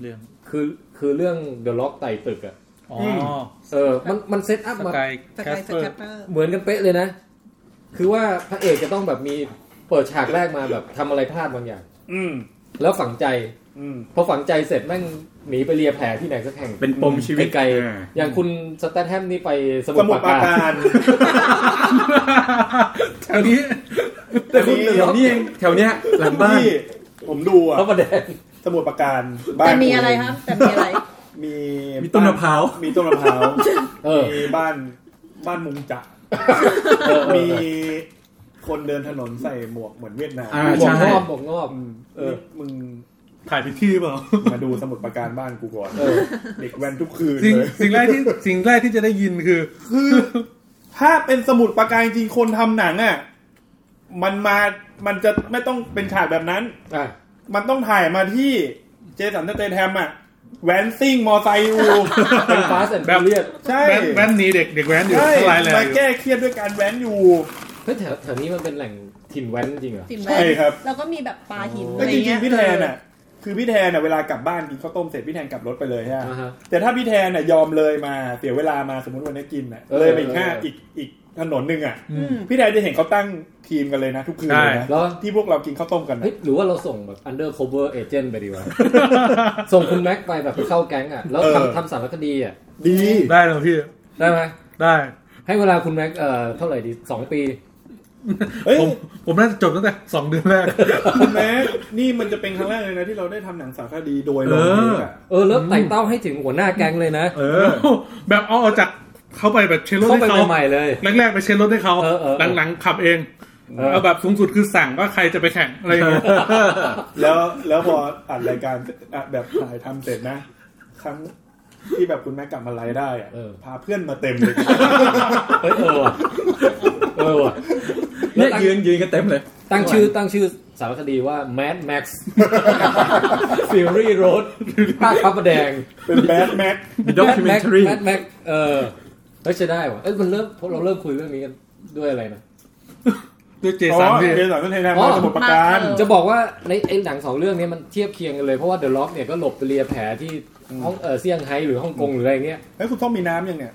Speaker 2: เรื่อง
Speaker 3: คือคือเรื่อง The Rock ไต่ตึกอ่ะ
Speaker 2: อ๋อ
Speaker 3: เออ มันมันเซตอัพ
Speaker 2: ส
Speaker 3: มา
Speaker 2: กาย
Speaker 7: ส
Speaker 2: แค
Speaker 7: กา
Speaker 2: ส
Speaker 7: ยส
Speaker 2: เปอ
Speaker 7: แค
Speaker 2: ร์
Speaker 7: ปเปอร์
Speaker 3: เหมือนกันเป๊ะเลยนะ คือว่าพระเอกจะต้องแบบมีเปิดฉากแรกมาแบบทำอะไรพลาดบางอย่าง
Speaker 6: อืม
Speaker 3: แล้วฝังใจ
Speaker 6: อืม
Speaker 3: พอฝังใจเสร็จแม่งหนีไปเลียแผลที่ไหนสักแห่ง
Speaker 4: เป็นปมชีวิต
Speaker 3: ไกล
Speaker 4: อ่า
Speaker 3: ๆอย่างคุณสแตทแฮมนี่ไปสมุ
Speaker 6: ส
Speaker 3: ทร
Speaker 6: มุด
Speaker 3: ป
Speaker 6: ปรา
Speaker 3: ราาก
Speaker 6: กา
Speaker 3: การ
Speaker 6: ร
Speaker 2: อันนี้
Speaker 4: แต่คุณเดี๋ยวนี้เองแถวเนี้ยหลังบ้าน
Speaker 6: ที่ผมดูอ่ะ
Speaker 3: พระประแดง
Speaker 6: สมุดปรากการบ้าน
Speaker 7: แต่มีอะไรครับแต่มีอะไร
Speaker 6: มี
Speaker 4: มีต้นมะพร้าว
Speaker 6: มีต้นมะพร้าว
Speaker 3: เออ
Speaker 6: มีบ้านบ้านมุงจัก
Speaker 3: เออ
Speaker 6: มีคนเดินถนนใส่หมวกเหมือนเวียดนาม
Speaker 4: อ่า
Speaker 3: บอก
Speaker 4: ใช่
Speaker 3: งอบบอกงอบ
Speaker 6: อืม
Speaker 3: เออ
Speaker 6: มึง
Speaker 2: ถ่ายผิดที่เปล่า
Speaker 6: มาดูสมุดปรากการบ้านกูก่อน
Speaker 3: เออ
Speaker 6: เด็กแว้นทุกคืน
Speaker 2: สิ่ง
Speaker 6: เลย
Speaker 2: สิ่งแรกที่สิ่งแรกที่จะได้ยินคือ
Speaker 6: คือ ถ้าเป็นสมุดปรากการจริงๆคนทำหนังอ่ะมันมามันจะไม่ต้องเป็นฉากแบบนั้น
Speaker 3: อ่ะ
Speaker 6: มันต้องถ่ายมาที่เจสันสเตนแฮมอ่ะแวนซิ่งมอไซค์อยู่
Speaker 3: เป็นฟาสแอนด์
Speaker 2: แบบ
Speaker 3: เรียด
Speaker 6: ใช่
Speaker 2: แว้นแว้นหนี้เด็กเด็กแว้นอยู่
Speaker 6: ใช่
Speaker 2: ทั้งหลายแหละ
Speaker 6: มาแก้เครียดด้วยการแว้นอยู่
Speaker 3: เฮ้ยแถวแถวนี้มันเป็นแหล่งถิ่นแว้นจริงเหรอ
Speaker 7: สิม
Speaker 6: ใช่ครับ
Speaker 7: แล้วก็มีแบบปลาหินอะ
Speaker 6: แต่
Speaker 7: ไร
Speaker 6: จริ
Speaker 7: เงี้
Speaker 6: ง
Speaker 7: ย
Speaker 6: ๆพี่แทนอ่ะ คือพี่แทนอ่ะเวลากลับบ้านกินข้าวต้มเสร็จพี่แทนกลับรถไปเลยฮะ
Speaker 3: อ่าฮะ
Speaker 6: แต่ถ้าพี่แทนอ่ะยอมเลยมาเสียเวลามาสมมติวันนี้กินอ่ะ
Speaker 3: เออ
Speaker 6: เลยไปอีกห้าอีกอีกถนนหนึ่งอ่ะ
Speaker 2: อื
Speaker 7: อื
Speaker 2: ม
Speaker 7: ม
Speaker 6: พี่แทนจะเห็นเขาตั้งทีมกันเลยนะทุกคืนเลยนะ
Speaker 3: แล้ว
Speaker 6: ที่พวกเรากินข้าวต้มกันนะ
Speaker 3: เฮ้ยหรือว่าเราส่งแบบ undercover agent ไปดี วะ ส่งคุณแม็กไปแบบเข้าแก๊งอ่ะ แล้วทำทำสารคดีอ่ะ
Speaker 6: ดี
Speaker 2: ได้เหรอพี่
Speaker 3: ได้ไหม
Speaker 2: ได้
Speaker 3: ให้เวลาคุณแม็กเอ่อเท่าไหร่ดีสองปี
Speaker 6: เอ้ย
Speaker 2: ผมผมน่าจะจบตั้งแต่สองเดือนแรก
Speaker 6: คุณแม่นี่มันจะเป็นครั้งแรกเลยนะที่เราได้ทำหนังสารคดีโดยลงเองอ่ะ
Speaker 3: เออ แล้วไต่เต้าให้ถึงหัวหน้าแก๊งเลยนะ
Speaker 4: เออ
Speaker 2: แบบเอาออกจากเขาไปแบบเช็ดรถ
Speaker 3: เข้า
Speaker 2: ให้
Speaker 3: ไป
Speaker 2: เขา
Speaker 3: ใหม่ๆเลย
Speaker 2: แรกๆไปเช็ดรถให้เขา
Speaker 3: เออเออเออ
Speaker 2: หลังๆขับเองเอาแบบสูงสุดคือสั่งว่าใครจะไปแข่งอะไรอย่างเงี้ย
Speaker 6: แล้วแล้วพออัดรายการอ่ะแบบถ่ายทำเสร็จนะ ครั้งที่แบบคุณแม่กลับมาไลฟ์ได้อ่ะ
Speaker 3: เออ
Speaker 6: พาเพื่อนมาเต็มเลย
Speaker 3: เฮ้ยเออว่ะเออว่ะ
Speaker 4: เนี่ยยืนยืนกันเต็มเลย
Speaker 3: ตั้งชื่อตั้งชื่อสารคดีว่า Mad Max Fury Road ภาคพระประแดง
Speaker 6: เป็นแบดแม็ก
Speaker 4: The
Speaker 3: Mad Max
Speaker 4: documentary
Speaker 3: Mad Max เออเฮ้ยใช้ได้ว่ะเอ้ยมันเริ่มเราเริ่มคุยเรื่องนี้กันด้วยอะไรนะ
Speaker 2: ด้วยเจ
Speaker 6: อ๋
Speaker 2: สัน
Speaker 6: อ
Speaker 2: พี่
Speaker 6: เจสันก็เทนแนม
Speaker 3: อ๋อ
Speaker 6: มาสมุดประการ
Speaker 3: จะบอกว่าในไอ้หนังสองเรื่องนี้มันเทียบเคียงกันเลย เพราะว่าเดอะล็อกเนี่ยก็หลบไปเลียแผลที่ห้องเออเซี่ยงไฮ้หรือฮ่องกงหรืออะไรเงี้ย
Speaker 6: เฮ้ยคุณต้องมีน้ำยังเนี่ย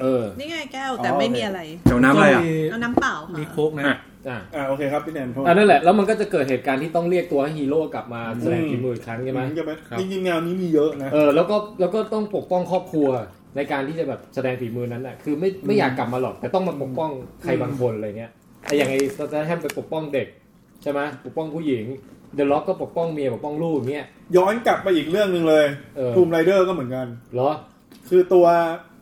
Speaker 3: เออ
Speaker 7: นี่ไงแก้วแต่ไม่มีอะไร
Speaker 4: เดี๋ยวน้ำอะไรอ่ะ
Speaker 2: มี
Speaker 7: เอาน้ำเปล่าค่ะ
Speaker 2: มีโค้กนะ
Speaker 4: อ่ะ
Speaker 3: อ่ะ
Speaker 6: อ่าโอเคครับพี่แนนโทษ
Speaker 3: อันนั่นแหละแล้วมันก็จะเกิดเหตุการณ์ที่ต้องเรียกตัวให้ฮีโร่กลับมาแสดงฝีมืออีกครั้งใช่ไหม
Speaker 6: จะไปจริงๆแนวนี้มีเยอะนะ
Speaker 3: เออแล้วก็แล้วก็ต้องปกป้องครอบครัวในการที่จะแบบแสดงฝีมือนั้นแหละคือไม่ไม่อยากกลับมาหรอกแต่ต้องมาปกป้องใครบางคนอะไรเงี้ยไอ้อย่างไอ้สแตนแฮมไปปกป้องเด็กใช่ไหมปกป้องผู้หญิงเดอะล็อกก็ปกป้องเมียปกป้องลูกเงี้ย
Speaker 6: ย้อนกลับไปอีกเรื่องหนึ่งเลย
Speaker 3: เออ
Speaker 6: ทูมไรเดอร์ก็เหมือนกัน
Speaker 3: เหรอ
Speaker 6: คือตัว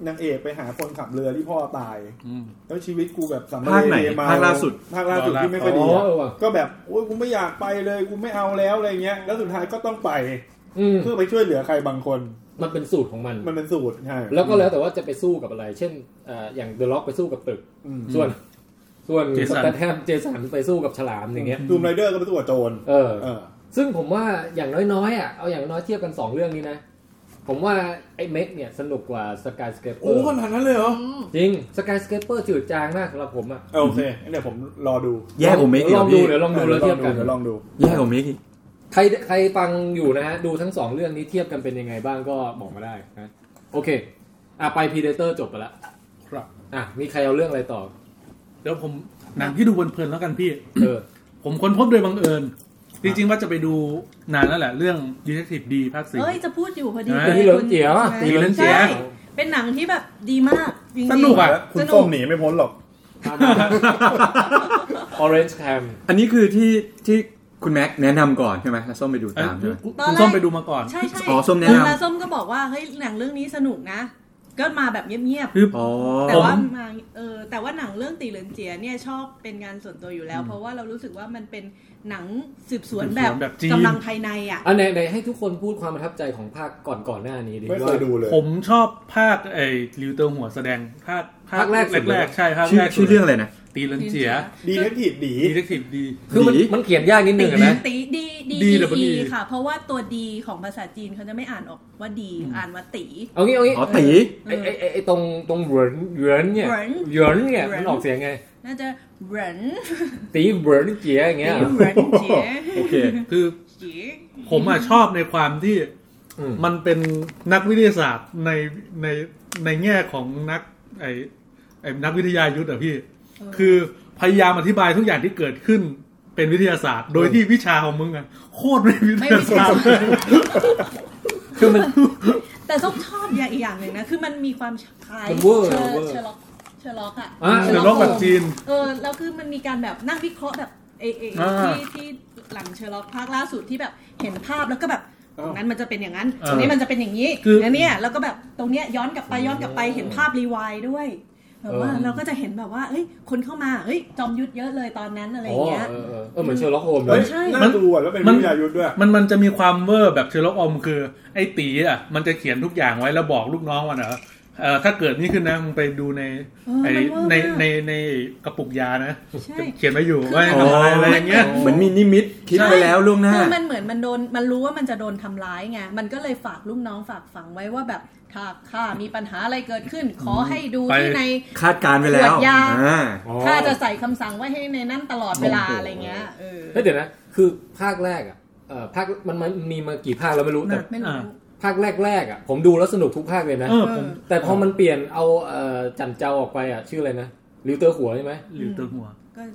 Speaker 6: นางเอกไปหาคนขับเรือที่พ่อตาย
Speaker 2: อืม
Speaker 6: แล้วชีวิตกูแบบสำเร็จ
Speaker 4: ภาคไหน
Speaker 6: เม
Speaker 4: ภาคล่าสุด
Speaker 6: ภาคล่าสุดที่ไม่ค่อย
Speaker 3: อ๋
Speaker 6: ดี
Speaker 3: อ
Speaker 6: อะ
Speaker 3: เออว่ะ
Speaker 6: ก็แบบโอ้ยกูไม่อยากไปเลยกูไม่เอาแล้วอะไรเงี้ย แล้วสุดท้ายก็ต้องไป
Speaker 3: อืม
Speaker 6: เพื่อไปช่วยเหลือใครบางคน
Speaker 3: มันเป็นสูตรของมัน
Speaker 6: มันเป็นสูตรใช่
Speaker 3: แล้วก็แล้วแต่ว่าจะไปสู้กับอะไร เช่นเอ่ออย่างเดอะล็อกไปสู้กับตึก
Speaker 6: อืม
Speaker 3: ส่วน ส ส่วน
Speaker 2: Jason
Speaker 3: สแตทแฮมเจสันไปสู้กับฉลามอย่างเงี้ย
Speaker 6: ดูมไรเดอร์ก็ไปตัวกับโจร
Speaker 3: เออ
Speaker 6: เออ
Speaker 3: ซึ่งผมว่าอย่างน้อยๆอ่ะเอาอย่างน้อยเทียบกันสองเรื่องนี้นะ ผมว่าไอ้เม็กเนี่ยสนุกกว่าสกายสเ a เปอ
Speaker 6: โอ้ข
Speaker 3: ร์
Speaker 6: นาดนั้นเลยเหรอ
Speaker 3: จริงสกายสเ a เปอร์จืดจางมากสำหรับผมอ่ะ
Speaker 6: เออโอเคงั้นเดี๋ยวผมรอดู
Speaker 4: แย่กว่าเมกอี
Speaker 3: ล
Speaker 4: กเหร
Speaker 3: อ
Speaker 4: อง
Speaker 3: ดู
Speaker 4: พี่
Speaker 3: เดี๋ยวลองดูแล้วเทียบกัน
Speaker 6: ดี๋ลองดู
Speaker 4: แย่กว่าเมกอีก
Speaker 3: ใครใครฟังอยู่นะฮะ ดูทั้งสองเรื่องนี้เทียบกันเป็นยังไงบ้างก็บอกมาได้นะโอเค อ่ะไปพีเดเตอร์จบไปละ
Speaker 2: ครับ
Speaker 3: อ่ะ มีใครเอาเรื่องอะไรต่อ
Speaker 2: เดี๋ยวผมหนังที่ดูเพลินๆแล้วกันพี่
Speaker 3: เอ อ
Speaker 2: ผมค้นพบโดยบังเอิญ จริงๆว่าจะไปดูนานแล้วแหละ เรื่อง Detective D ภาคสี่
Speaker 5: เอ้ย จะพูดอยู่พอดี
Speaker 2: เฮ้ย
Speaker 5: ลย
Speaker 3: ที่เหลิงเจี๋ย
Speaker 5: คุณ
Speaker 3: วอะ
Speaker 2: ที่เหลิงเจี๋ย
Speaker 5: ใช่เป็นหนังที่แบบดีมากจริงๆ
Speaker 2: สนุกอะ
Speaker 6: คุณส้มหนีไม่พ้นหรอก
Speaker 3: ออเรนจ์แคม
Speaker 4: อันนี้คือที่ที่คุณแม็กแนะนำก่อนใช่ไหมแล้วส้มไปดู
Speaker 2: เอ้ย
Speaker 4: ตามใช่ไหม
Speaker 2: คุณคุณส้มไปดูมาก่อน
Speaker 5: ใช่ใช่
Speaker 4: อ๋อส้มแนะนำ
Speaker 5: แล้วส้มก็บอกว่าเฮ้ยหนังเรื่องนี้สนุกนะ ก็มาแบบเงียบๆ
Speaker 4: อ๋อ
Speaker 5: แต่ว่ามาเออแต่ว่าหนังเรื่องตีเหลินเจียเนี่ยชอบเป็นงานส่วนตัวอยู่แล้ว เพราะว่าเรารู้สึกว่ามันเป็นหนังสืบสวน
Speaker 2: สืบสวน
Speaker 5: แบบ
Speaker 2: แบบจีน
Speaker 5: กำลังภายในอ่ะ
Speaker 3: อันไหนไหนให้ทุกคนพูดความประทับใจของภาคก่อนก่อนๆหน้านี้ดี
Speaker 6: ไม่เค
Speaker 3: ว่า
Speaker 6: ยดูเลย
Speaker 2: ผมชอบภาคไอ้ลิวเตอร์หัวแสดงภาค
Speaker 3: ภาคแรกสุดเลย
Speaker 2: แรกๆใช่ภาค
Speaker 4: ชื่อ
Speaker 2: แรก
Speaker 4: ชื่อเรื่องอะไรนะ
Speaker 2: ตีเลนเจีย
Speaker 6: ดีเทคทีฟดี
Speaker 2: Detective D
Speaker 3: คือมัน
Speaker 4: ดี
Speaker 3: มันเขียนยากนิดนึงอะนะ
Speaker 5: ตีดีดี
Speaker 2: ดี
Speaker 5: ดี
Speaker 2: หรือเปล่าดี
Speaker 5: ค่ะ เพราะว่าตัวดีของภาษาจีนเขาจะไม่อ่านออกว่าดีอ่านว่าตี
Speaker 3: เอางี้เอางี้
Speaker 4: อ๋อตี
Speaker 3: ไอ้ไอ้ไอ้ไอ้ตรงตรงเหวินเหวินเนี่ย
Speaker 5: เหวิน
Speaker 3: เหวินเนี่ย
Speaker 5: เหวิน
Speaker 3: มันออกเสียงไง
Speaker 5: น่าจะเหริน
Speaker 3: ตีเหวินเจียอย่าง
Speaker 5: ตี
Speaker 3: เงี้ย
Speaker 5: เหรินเจีย
Speaker 4: โอเค
Speaker 2: คือ
Speaker 5: เจีย
Speaker 2: ผมอะชอบในความที่
Speaker 3: อืม
Speaker 2: มันเป็นนักวิทยาศาสตร์ในในในแง่ของนักไอไอนักวิทยายุทธอะพี่ คือพยายามอธิบายทุกอย่างที่เกิดขึ้นเป็นวิทยาศาสตร์ โดยที่วิชาของมึงอะโคตรไม่วิทยาศาสตร์เลย
Speaker 3: คือมัน
Speaker 5: แต่ส้มชอบอย่างอีกอย่างหนึ่งนะ คือมันมีความคล้าย
Speaker 3: มันเวอร์
Speaker 5: เชอร์
Speaker 3: เวอร์
Speaker 5: เชอร์ล็อกเชอร์ล็อกอ่ะ
Speaker 3: อ่า
Speaker 5: เช
Speaker 2: เดี๋ยว
Speaker 5: ร์
Speaker 2: โลกแบบ
Speaker 5: โฮมส์
Speaker 2: จีน
Speaker 5: เออแล้วคือมันมีการแบบนั่งวิเคราะห์แบบเอเอ
Speaker 2: อ่า
Speaker 5: ที่ที่หลังเชอร์ล็อกภาคล่าสุดที่แบบเห็นภาพแล้วก็แบบตรงนั้นมันจะเป็นอย่างนั้น
Speaker 2: เออ
Speaker 5: ตรงนี้มันจะเป็นอย่างนี้
Speaker 2: คือ
Speaker 5: แล้วเนี่ยแล้วก็แบบตรงเนี้ยย้อนกลับไปย้อนกลับไปเห็นภาพรีไวด์ด้วยแบบว่า
Speaker 3: เออ
Speaker 5: เราก็จะเห็นแบบว่าเอ้ยคนเข้ามาเอ้ยจอมยุทธเยอะเลยตอนนั้นอะไร
Speaker 3: อ๋
Speaker 5: อ
Speaker 3: อย่าง
Speaker 5: เงี้ย
Speaker 3: เออเออเออเหมือนเชอร์ล็อกโฮมเล
Speaker 6: เฮ้ย
Speaker 3: ย
Speaker 5: ใช่
Speaker 6: น่าดูอ่ะแล้วเป็น
Speaker 2: มัน
Speaker 6: วิทยายุทธด้วย
Speaker 2: มันมันจะมีความเวอร์แบบเชลล็อกอมคือไอ้ตีอ่ะมันจะเขียนทุกอย่างไว้แล้วบอกลูกน้องว่าเนอะเออถ้าเกิดนี่ขึ้นนะมึงไปดูใน
Speaker 5: เออ
Speaker 2: ไอ้
Speaker 5: มันเวอร์
Speaker 2: ใน
Speaker 5: มาก
Speaker 2: ในในกระปุกยานะ
Speaker 5: ใช่
Speaker 2: จะเขียนไว้อยู่ว่าให้
Speaker 4: อ๋อ
Speaker 2: ทำอะไรอะไรอย่างเงี้ย
Speaker 4: เหมือนมีนิมิตคิดไว้แล้วล่วงหน้า
Speaker 5: คือมันเหมือนมันโดนมันรู้ว่ามันจะโดนทำร้ายไงมันก็เลยฝากลูกน้องฝากฝังไว้ว่าแบบถ้าข้ามีปัญหาอะไรเกิดขึ้น ขอให้ดู
Speaker 2: ไป
Speaker 5: ที่ใน
Speaker 4: คาดการณ์ไว้แล้ว
Speaker 5: ขวดยา
Speaker 4: อ่า
Speaker 5: ข้าจะใส่คำสั่งไว้ให้ในนั้นตลอดเวลาอะไรเงี้ยเออ
Speaker 3: แล้วเดี๋ยวนะ คือภาคแรกอ่ะเอ่อภาคมันมันมีมากี่ภาคแล้วไม่รู้ แต่
Speaker 2: น่า
Speaker 5: ไม่รู้
Speaker 3: ภาคแรกๆอ่ะผมดูแล้วสนุกทุกภาคเลยนะ
Speaker 2: เออผม
Speaker 3: แต่พอมันเปลี่ยนเอาเอ่อจันเจ้าออกไปอ่ะชื่ออะไรนะลิวเตอร์หัวใช่ไหม
Speaker 2: หรือตัวหัว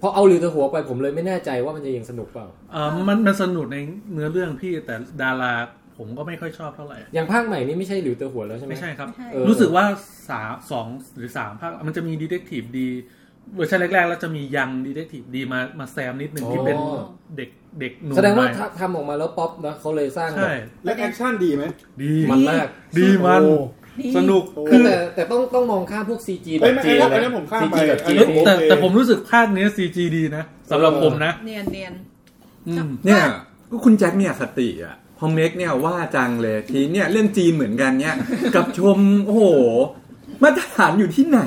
Speaker 3: พอเอาลิวเตอร์หัวไปผมเลยไม่แน่ใจว่ามันจะยังสนุกเปล่า
Speaker 2: เออมันมันสนุกในเนื้อเรื่องพี่แต่ดาราผมก็ไม่ค่อยชอบเท่าไหร่
Speaker 3: อย่างภาคใหม่นี่ไม่ใช่ลิวเตอร์หัวแล้วใช่ไหม
Speaker 2: ไม่ใช่ครับ
Speaker 5: ใช่
Speaker 3: เออ
Speaker 2: รู้สึกว่าสามสองหรือสามภาคมันจะมีดีเทคทีฟดีเวอร์ชันแรกๆ แล้วจะมียังดีเทคทีฟดีมามาแซมนิดหนึ่งที่เป็น
Speaker 3: อ๋อ
Speaker 2: เด็กเด็กหนุ่ม
Speaker 3: แสดงว่า
Speaker 2: หน่อย
Speaker 3: ถ้าทำออกมาแล้วป๊อปนะเขาเลยสร้างแบ
Speaker 2: ใช่
Speaker 3: บ
Speaker 6: และแอคชั่นดีไหม
Speaker 2: ดี
Speaker 3: มันมาก
Speaker 2: ดีมัน
Speaker 6: โอ้
Speaker 2: สนุก
Speaker 6: โอ้
Speaker 2: คือ
Speaker 3: แต่แต่ต้องต้องมองข้ามพวก CG แบ
Speaker 6: เอ้ย
Speaker 3: บ
Speaker 6: ไม่
Speaker 3: จีนนะ
Speaker 6: ไอ้นั่นไอ้นั่นผมข้าม
Speaker 3: CG
Speaker 6: ไป
Speaker 3: แบบจีน
Speaker 6: ไอ้
Speaker 2: เอ้ยแต่
Speaker 6: โอเค
Speaker 2: แต่ผมรู้สึกภาคเนี้ย CG ดีนะสำหรับผมนะ
Speaker 5: เนียนเนียน
Speaker 2: อืม
Speaker 4: เนี่ยก็คุณแจ็คเนี่ยคติอ่ะพอเมกเนี่ยว่าจังเลยทีเนี่ยเรื่องจีนเหมือนกันเนี่ย กับชม โอ้โห มาตรฐานอยู่ที่ไหน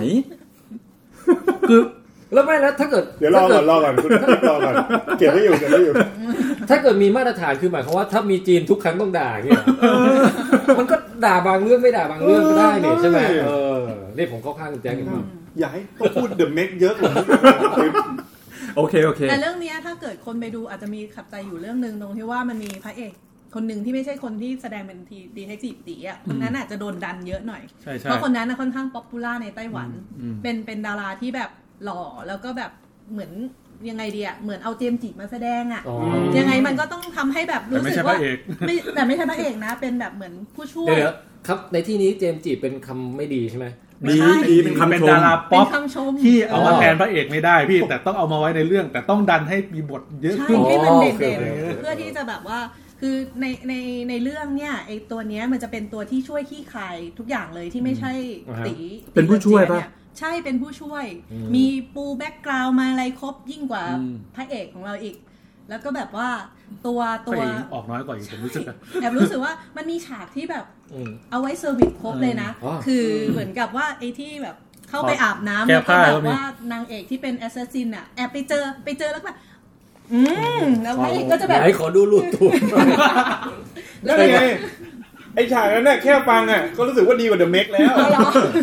Speaker 2: คือ
Speaker 3: แล้วไม่แล้วถ้าเกิด
Speaker 6: เดี๋ยวรอ
Speaker 3: ถ้า
Speaker 6: ก่
Speaker 3: เกิ
Speaker 6: อน
Speaker 3: ด
Speaker 6: รอก่อนคุณรอก่อนเก็บไว้อยู่เก็บไว้อยู่
Speaker 3: ถ้าเกิดมีมาตรฐานคือหมายความว่าถ้ามีจีนทุกครั้งต้องด่าอย่างเงี้ย มันก็ด่าบางเรื่องไม่ด่าบางเรื่องก็ได้เนี่ยใช่ไหม
Speaker 6: เออ
Speaker 3: เออนี่ผมเข้าข้างคุณแจ็คอีกที
Speaker 6: อย่าให้เขาพูดเดอะเมกเยอะกว่านี้
Speaker 4: โอเค โอเค
Speaker 5: แต่เรื่องเนี้ยถ้าเกิดคนไปดูอาจจะมีขัดใจอยู่เรื่องหนึ่งตรงที่ว่ามันมีพระเอกคนหนึ่งที่ไม่ใช่คนที่แสดงเป็นทีดีเทคทีฟตีอ่ะคนนั้นอาจจะโดนดันเยอะหน่อย
Speaker 2: ใช่ใช่
Speaker 5: เพราะคนนั้นนะค่อนข้างป๊อปปูล่าในไต้หวัน
Speaker 2: อืม
Speaker 5: เป็นเป็นดาราที่แบบหล่อแล้วก็แบบเหมือนยังไงดีอ่ะเหมือนเอาเจมส์จิมาแสดงอ่ะ
Speaker 3: อ๋อ
Speaker 5: ยังไงมันก็ต้องทำให้แบบ
Speaker 2: แต่
Speaker 5: รู้
Speaker 2: ไม่
Speaker 5: สึก
Speaker 2: ใช่พ
Speaker 5: ว่า
Speaker 2: ระเอก
Speaker 5: ไม่แต่ไม่ใช่พระเอกนะ เป็นแบบเหมือนผู้ช่วย
Speaker 3: เดี๋ยวๆครับในที่นี้เจมส์จีเป็นคำไม่ดีใช่ไหม
Speaker 5: ไม่
Speaker 4: ดี
Speaker 5: ใช่
Speaker 4: ดีเป็นคำ
Speaker 2: เป็น
Speaker 4: ช
Speaker 2: ดาม รา
Speaker 5: เป็
Speaker 2: ป๊อน ป
Speaker 5: คำชม
Speaker 2: ที่เอามาแทนพระเอกไม่ได้พี่ แต่ต้องเอามาไว้ในเรื่อง แต่ต้องดันให้มีบทเยอะ
Speaker 5: ใช่
Speaker 2: ขึ้น
Speaker 5: ให้มันเด่
Speaker 3: โอเคโอเคโอเค
Speaker 5: นๆเพื่อที่จะแบบว่าคือในในในเรื่องเนี่ยไอตัวเนี้ยมันจะเป็นตัวที่ช่วยขี้คายทุกอย่างเลยที่ไม่ใช่ตี
Speaker 4: เป็นผู้ช่วยปะ
Speaker 5: ใช่เป็นผู้ช่วย มีปูแบ็กกราวมาอะไรครบยิ่งกว่า
Speaker 2: อืม
Speaker 5: พระเอกของเราอีก แล้วก็แบบว่าตัว
Speaker 2: พ
Speaker 5: ตั
Speaker 2: ระ
Speaker 5: ว
Speaker 2: เอกออกน้อยกว่าอีกผมรู้สึกอะ
Speaker 5: แอบรู้สึกว่ามันมีฉากที่แบบ
Speaker 3: อืม
Speaker 5: เอาไว้เซอร์วิสครบเลยนะ
Speaker 3: อ๋อ
Speaker 5: คือเหมือนกับว่าไอ้ที่แบบ เข้าไปอาบน้ำ
Speaker 2: แก้ผ้า
Speaker 5: แล้
Speaker 2: ก็
Speaker 5: ว
Speaker 2: มี
Speaker 5: ก็แบบว่านางเอกที่เป็นแอสซัสซินอ่ะแอบไปเจอไปเจอแล้วก็แบบอืมแล้วพระเอกก็จะแบบ
Speaker 3: ไหนขอดูรูปตัว
Speaker 6: นั่นไงไอฉากนั้นน่ะแค่ฟังอ่ะก็รู้สึกว่าดีกว่าเดอะเมกแล้ว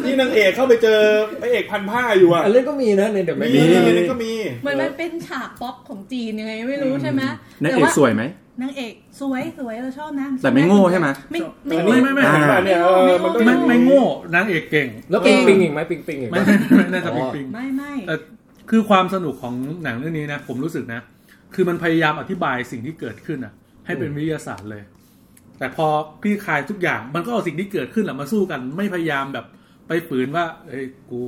Speaker 6: ที่นางเอกเข้าไปเจอพระเอกพันผ้าอยู่อ่ะ
Speaker 3: อันเล่นก็มีนะในเดอะแม
Speaker 6: มี
Speaker 3: น
Speaker 6: อันนี้ก็มี
Speaker 5: เหมือนมันเป็นฉากป๊อปของจีนยังไงไม่รู้ใช่ไหม
Speaker 4: นาง
Speaker 5: แต่
Speaker 4: เอก
Speaker 5: ว่า
Speaker 4: สวยไหม
Speaker 5: นางเอกสวยสวยเราชอบนะ
Speaker 4: แต่ไม่โง่ใช่ไหม
Speaker 5: ไม่ไม่
Speaker 2: ไม่
Speaker 5: โง่
Speaker 2: ไม่ไม่
Speaker 4: อ่า
Speaker 2: ไม่
Speaker 6: เนี่ยเออมันต้อง
Speaker 2: ไม่ไม่โง่นางเอกเก่ง
Speaker 3: แล้วปิงปิงอีกไหมปิงปิงอีกไหม
Speaker 2: ไม่ไม่ไม่น่าจะปิงปิง
Speaker 5: ไม่ไม่
Speaker 2: เอ่อคือความสนุกของหนังเรื่องนี้นะ ผมรู้สึกนะ คือมันพยายามอธิบายสิ่งที่เกิดขึ้นอ่ะ ให้เป็นวิทยาศาสตร์เลย แต่พอพี่คลายทุกอย่างมันก็เอาสิ่งที่เกิดขึ้นแหละมาสู้กันไม่พยายามแบบไปฝืนว่าเอ้ยกู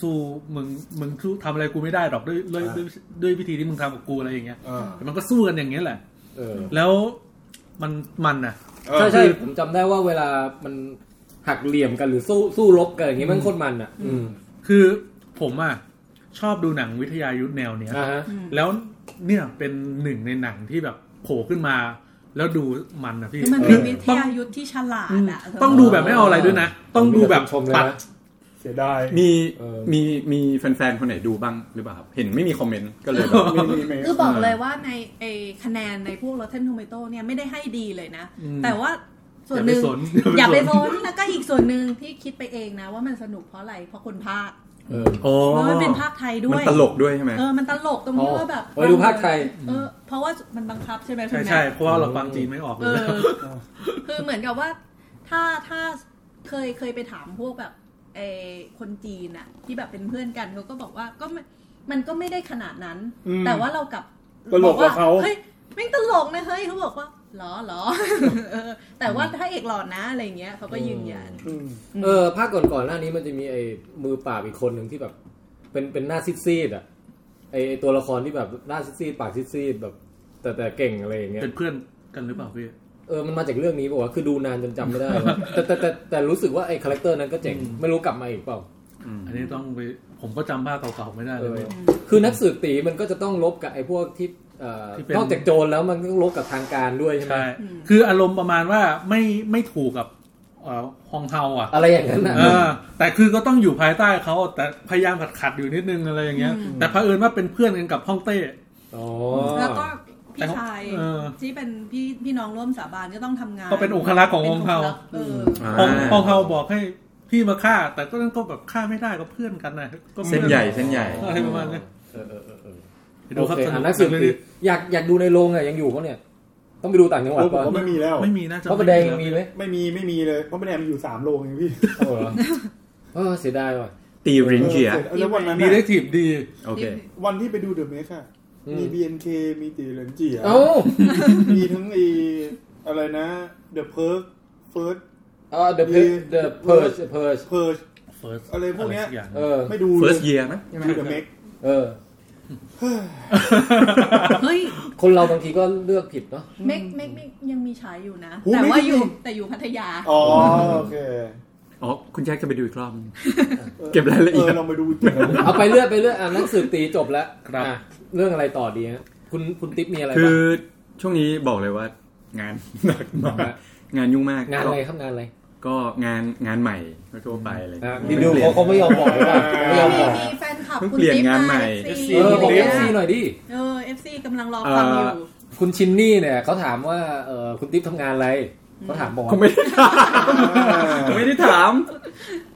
Speaker 2: สู้มึงมึงสู้ทำอะไรกูไม่ได้หรอกด้วยด้วยด้วยด้วยวิธีที่มึงทำกับกูอะไรอย่างเงี้ย
Speaker 6: เออ
Speaker 2: แต่มันก็สู้กันอย่างเงี้ยแหละ
Speaker 3: เออ
Speaker 2: แล้วมันมันอ่ะ
Speaker 6: เออ
Speaker 3: ใช่ใช่ผมจำได้ว่าเวลามันหักเหลี่ยมกันหรือสู้สู้รบกันอย่างงี้มันโคตรมันอ่ะ อืม
Speaker 2: คือผมอ่ะชอบดูหนังวิทยายุทธแนวเนี้ย
Speaker 3: อ่าฮะ
Speaker 2: แล้วเนี่ยเป็นหนึ่งในหนังที่แบบโผล่ขึ้นมา แล้วดูมันนะพี่
Speaker 5: มัน
Speaker 2: คือ
Speaker 5: เป็นวิทยายุทธที่ฉลาด
Speaker 2: อืม
Speaker 5: อะ
Speaker 2: ต้องดูแบบไม่เอาอะไรด้วยนะ ต้องดูแบบ
Speaker 3: ชมเลย
Speaker 2: ตัด
Speaker 3: นะ
Speaker 6: เสียดาย
Speaker 4: มี
Speaker 3: เออ
Speaker 4: มีมีแฟนๆ คนไหนดูบ้างหรือเปล่าครับเห็นไม่มีคอมเมนต์ก็เลยแบบ
Speaker 6: มีมีมี
Speaker 5: คือบอกเลยว่าในไอคะแนนในพวก Rotten Tomato เนี่ยไม่ได้ให้ดีเลยนะ
Speaker 2: อืม
Speaker 5: แต่ว่าส่ว
Speaker 2: อน ย่า
Speaker 5: ห
Speaker 2: ไป
Speaker 5: นึ่ง
Speaker 2: สน
Speaker 5: อย่าไปโซนแล้วก็อีกส่วนหนึ่งที่คิดไปเองนะ ว่ามันสนุกเพราะอะไร เพราะคนภาค
Speaker 3: เออ
Speaker 4: โอ้
Speaker 5: เพราะมันเป็นภาคไทยด้
Speaker 4: มั
Speaker 5: วน ย
Speaker 4: ตลกด้วยใช่ไหม
Speaker 5: เออมันตลกตรงที่ว่าแบบ
Speaker 3: อ๋อไปดูภาคไทย
Speaker 5: เออเพราะว่ามันบังคับใช่ไหม
Speaker 2: ใช่
Speaker 5: คุณแม่
Speaker 2: ใช่เพราะว่าเราฟังจีนไม่ออกเล
Speaker 5: เอย อ คือเหมือนกับว่าถ้าถ้าเคยเคยไปถามพวกแบบเออคนจีนอะที่แบบเป็นเพื่อนกันเขาก็บอกว่าก็ไม่มันก็ไม่ได้ขนาดนั้น
Speaker 6: อืม
Speaker 5: แต่ว่าเรากลับ
Speaker 6: ตลกกว่าเขา
Speaker 5: เฮ้ยไม่งตลกนะเฮ้ยเขาบอกว่าหรอหรอ เออแต่ว่าถ้าเอกหล่อนนะอะไรเงี้ยเขาก็ยืนยัน
Speaker 6: อืม
Speaker 3: เออภาคก่อนๆหน้านี้มันจะมีไอ้มือปราบอีกคนหนึ่งที่แบบ เป็นเป็นหน้าซีดๆอ่ะไอ้ไอ้ตัวละครที่แบบหน้าซีดๆปากซีดๆแบบ แต่แต่เก่งอะไรอย่างเงี้ย
Speaker 2: เป็นเพื่อนกันหรือเปล่าพี่
Speaker 3: เออมันมาจากเรื่องนี้ป่าวะคือดูนานจนจำไม่ได้วะ แต่แต่แต่แต่รู้สึกว่าไอ้คาแรคเตอร์นั้นก็เจ๋งไม่รู้กลับมาอีกเปล่า
Speaker 2: อันนี้ต้องไปผมก็จำภาคเก่าๆไม่ได้เลย
Speaker 3: คือนักสืบตีมันก็จะต้องลบกับไอ้พวกที่เอ่อ
Speaker 2: ที่เป็น
Speaker 3: นอกจากโจรแล้วมันก็ต้องลบกับทางการด้วยใช่ไหม
Speaker 2: ใช่คืออารมณ์ประมาณว่าไม่ไม่ถูกกับเอ่อฮองเฮาอ่ะ
Speaker 3: อะไรอย่างนั้นน่ะ
Speaker 2: เออแต่คือก็ต้องอยู่ภายใต้เขาแต่พยายามขัดขัดๆอยู่นิดนึงอะไรอย่างเงี้ย แต่เผอิญว่าเป็นเพื่อนกันกับฮ่องเต้
Speaker 3: อ๋อ
Speaker 5: แล้วก็พี่ชาย
Speaker 2: เออ
Speaker 5: ที่เป็นพี่พี่น้องร่วมสาบานก็ต้องทำงาน
Speaker 2: ก็เป็นองครักษ์ขององค์เฮา
Speaker 5: ป็
Speaker 4: อ่า
Speaker 5: นองครักษ์ออ
Speaker 2: ฮ่องฮ่องเฮาบอกให้พี่มาฆ่า แต่ก็นั่นก็แบบฆ่าไม่ได้ก็เพื่อนกันนะก็พื่อ
Speaker 4: เส้นใหญ่เส้นใหญ่
Speaker 2: อะไรประมาณเนี้ย
Speaker 3: เออเออเออเออ
Speaker 2: ไปดูครับ
Speaker 3: โอเค
Speaker 2: สนุ
Speaker 3: อ่ะ
Speaker 2: ก
Speaker 3: นักสืบ
Speaker 2: เล
Speaker 3: ตี
Speaker 2: ย
Speaker 3: อยากอยากดูในโรงอ่ะยังอยู่ปะเนี่ย ต้องไปดูต่างจังหวัด
Speaker 6: โอ้ผม
Speaker 3: ปะ
Speaker 6: ว่าไม่มีแล้ว
Speaker 2: ไม่มีน่าจะ
Speaker 3: เพราะประแดงยังมีไหม
Speaker 6: ไม่มีไม่มีเลยเพราะมันแอบอยู่สามโลงเองพี่
Speaker 3: เออเหรอเออเสียดายว่ะ
Speaker 4: ตีรินเจีย
Speaker 6: ออสร็จแล้ววันนั้น
Speaker 2: ดี
Speaker 6: น่ะ
Speaker 2: เล็กทีฟดี
Speaker 4: โอเค
Speaker 6: วันที่ไปดูเดอะเมกอะ
Speaker 3: อืม
Speaker 6: มี BNK มีตีเหรินเจีย
Speaker 3: เอ้า
Speaker 6: มีทั้งไออะไรนะเดอะเพิร์กเฟิร์ส
Speaker 3: เออ the purge the purge the purge
Speaker 6: เพิร์
Speaker 2: First
Speaker 6: อะไรพวกเนี้ย
Speaker 2: สัอย่าง
Speaker 3: เออ
Speaker 6: ไม่ดูเลย
Speaker 4: first year นะ
Speaker 6: ดูเดอะเมก
Speaker 3: เออ
Speaker 5: เฮ้ย
Speaker 3: คนเราบางทีก็เลือกผิดเนาะ
Speaker 5: เมกเมกเมกยังมีฉายอยู่นะ
Speaker 6: โอ้
Speaker 5: แต่ว่า
Speaker 6: เมก
Speaker 5: อยู่
Speaker 6: มี
Speaker 5: แต่อยู่พัทยา
Speaker 6: อ๋อโอเค
Speaker 4: อ๋อ คุณแจ็คจะไปดูอีกรอบนึงเก็บรายละ
Speaker 6: เอ
Speaker 4: เอีย
Speaker 6: อ
Speaker 4: ด
Speaker 6: เราไปดูจริงๆ
Speaker 3: เอาไปเรื่อยไปเรื่อยอ่ะนักสืบตีจบแล้ว
Speaker 2: ครับ
Speaker 3: อ่ะเรื่องอะไรต่อดีฮะคุณคุณติ๊บมีอะไร
Speaker 4: คื
Speaker 3: บ้า
Speaker 4: อง ช่วงนี้บอกเลยว่างาน หนักมากงานยุ่งมาก
Speaker 3: งาน
Speaker 4: ก็
Speaker 3: อะไรครับงานอะไร
Speaker 4: ก็งานงานใหม่ทั่วๆไปอะไรอย่าง
Speaker 3: อ่ะ
Speaker 4: เงี้ย
Speaker 3: รีวิวเขาเขาไม่ยอมบอกเลยว่าไม่ยอม
Speaker 5: มี
Speaker 3: บอก
Speaker 5: มีแฟนคลับ
Speaker 4: เพิ่ง
Speaker 5: คุณ
Speaker 4: เปลี่ยน
Speaker 5: ติ๊บ
Speaker 4: งานใหม่
Speaker 3: เออบอกเอฟซีหน่อยดิ
Speaker 5: เออเอฟซีกำลังรอฟังอยู่
Speaker 3: คุณชินนี่เนี่ยเขาถามว่าเออคุณติ๊บทำงานอะไรเขาถามบอก
Speaker 4: เขาไม่ ได้ถามเขาไม่ได้ถาม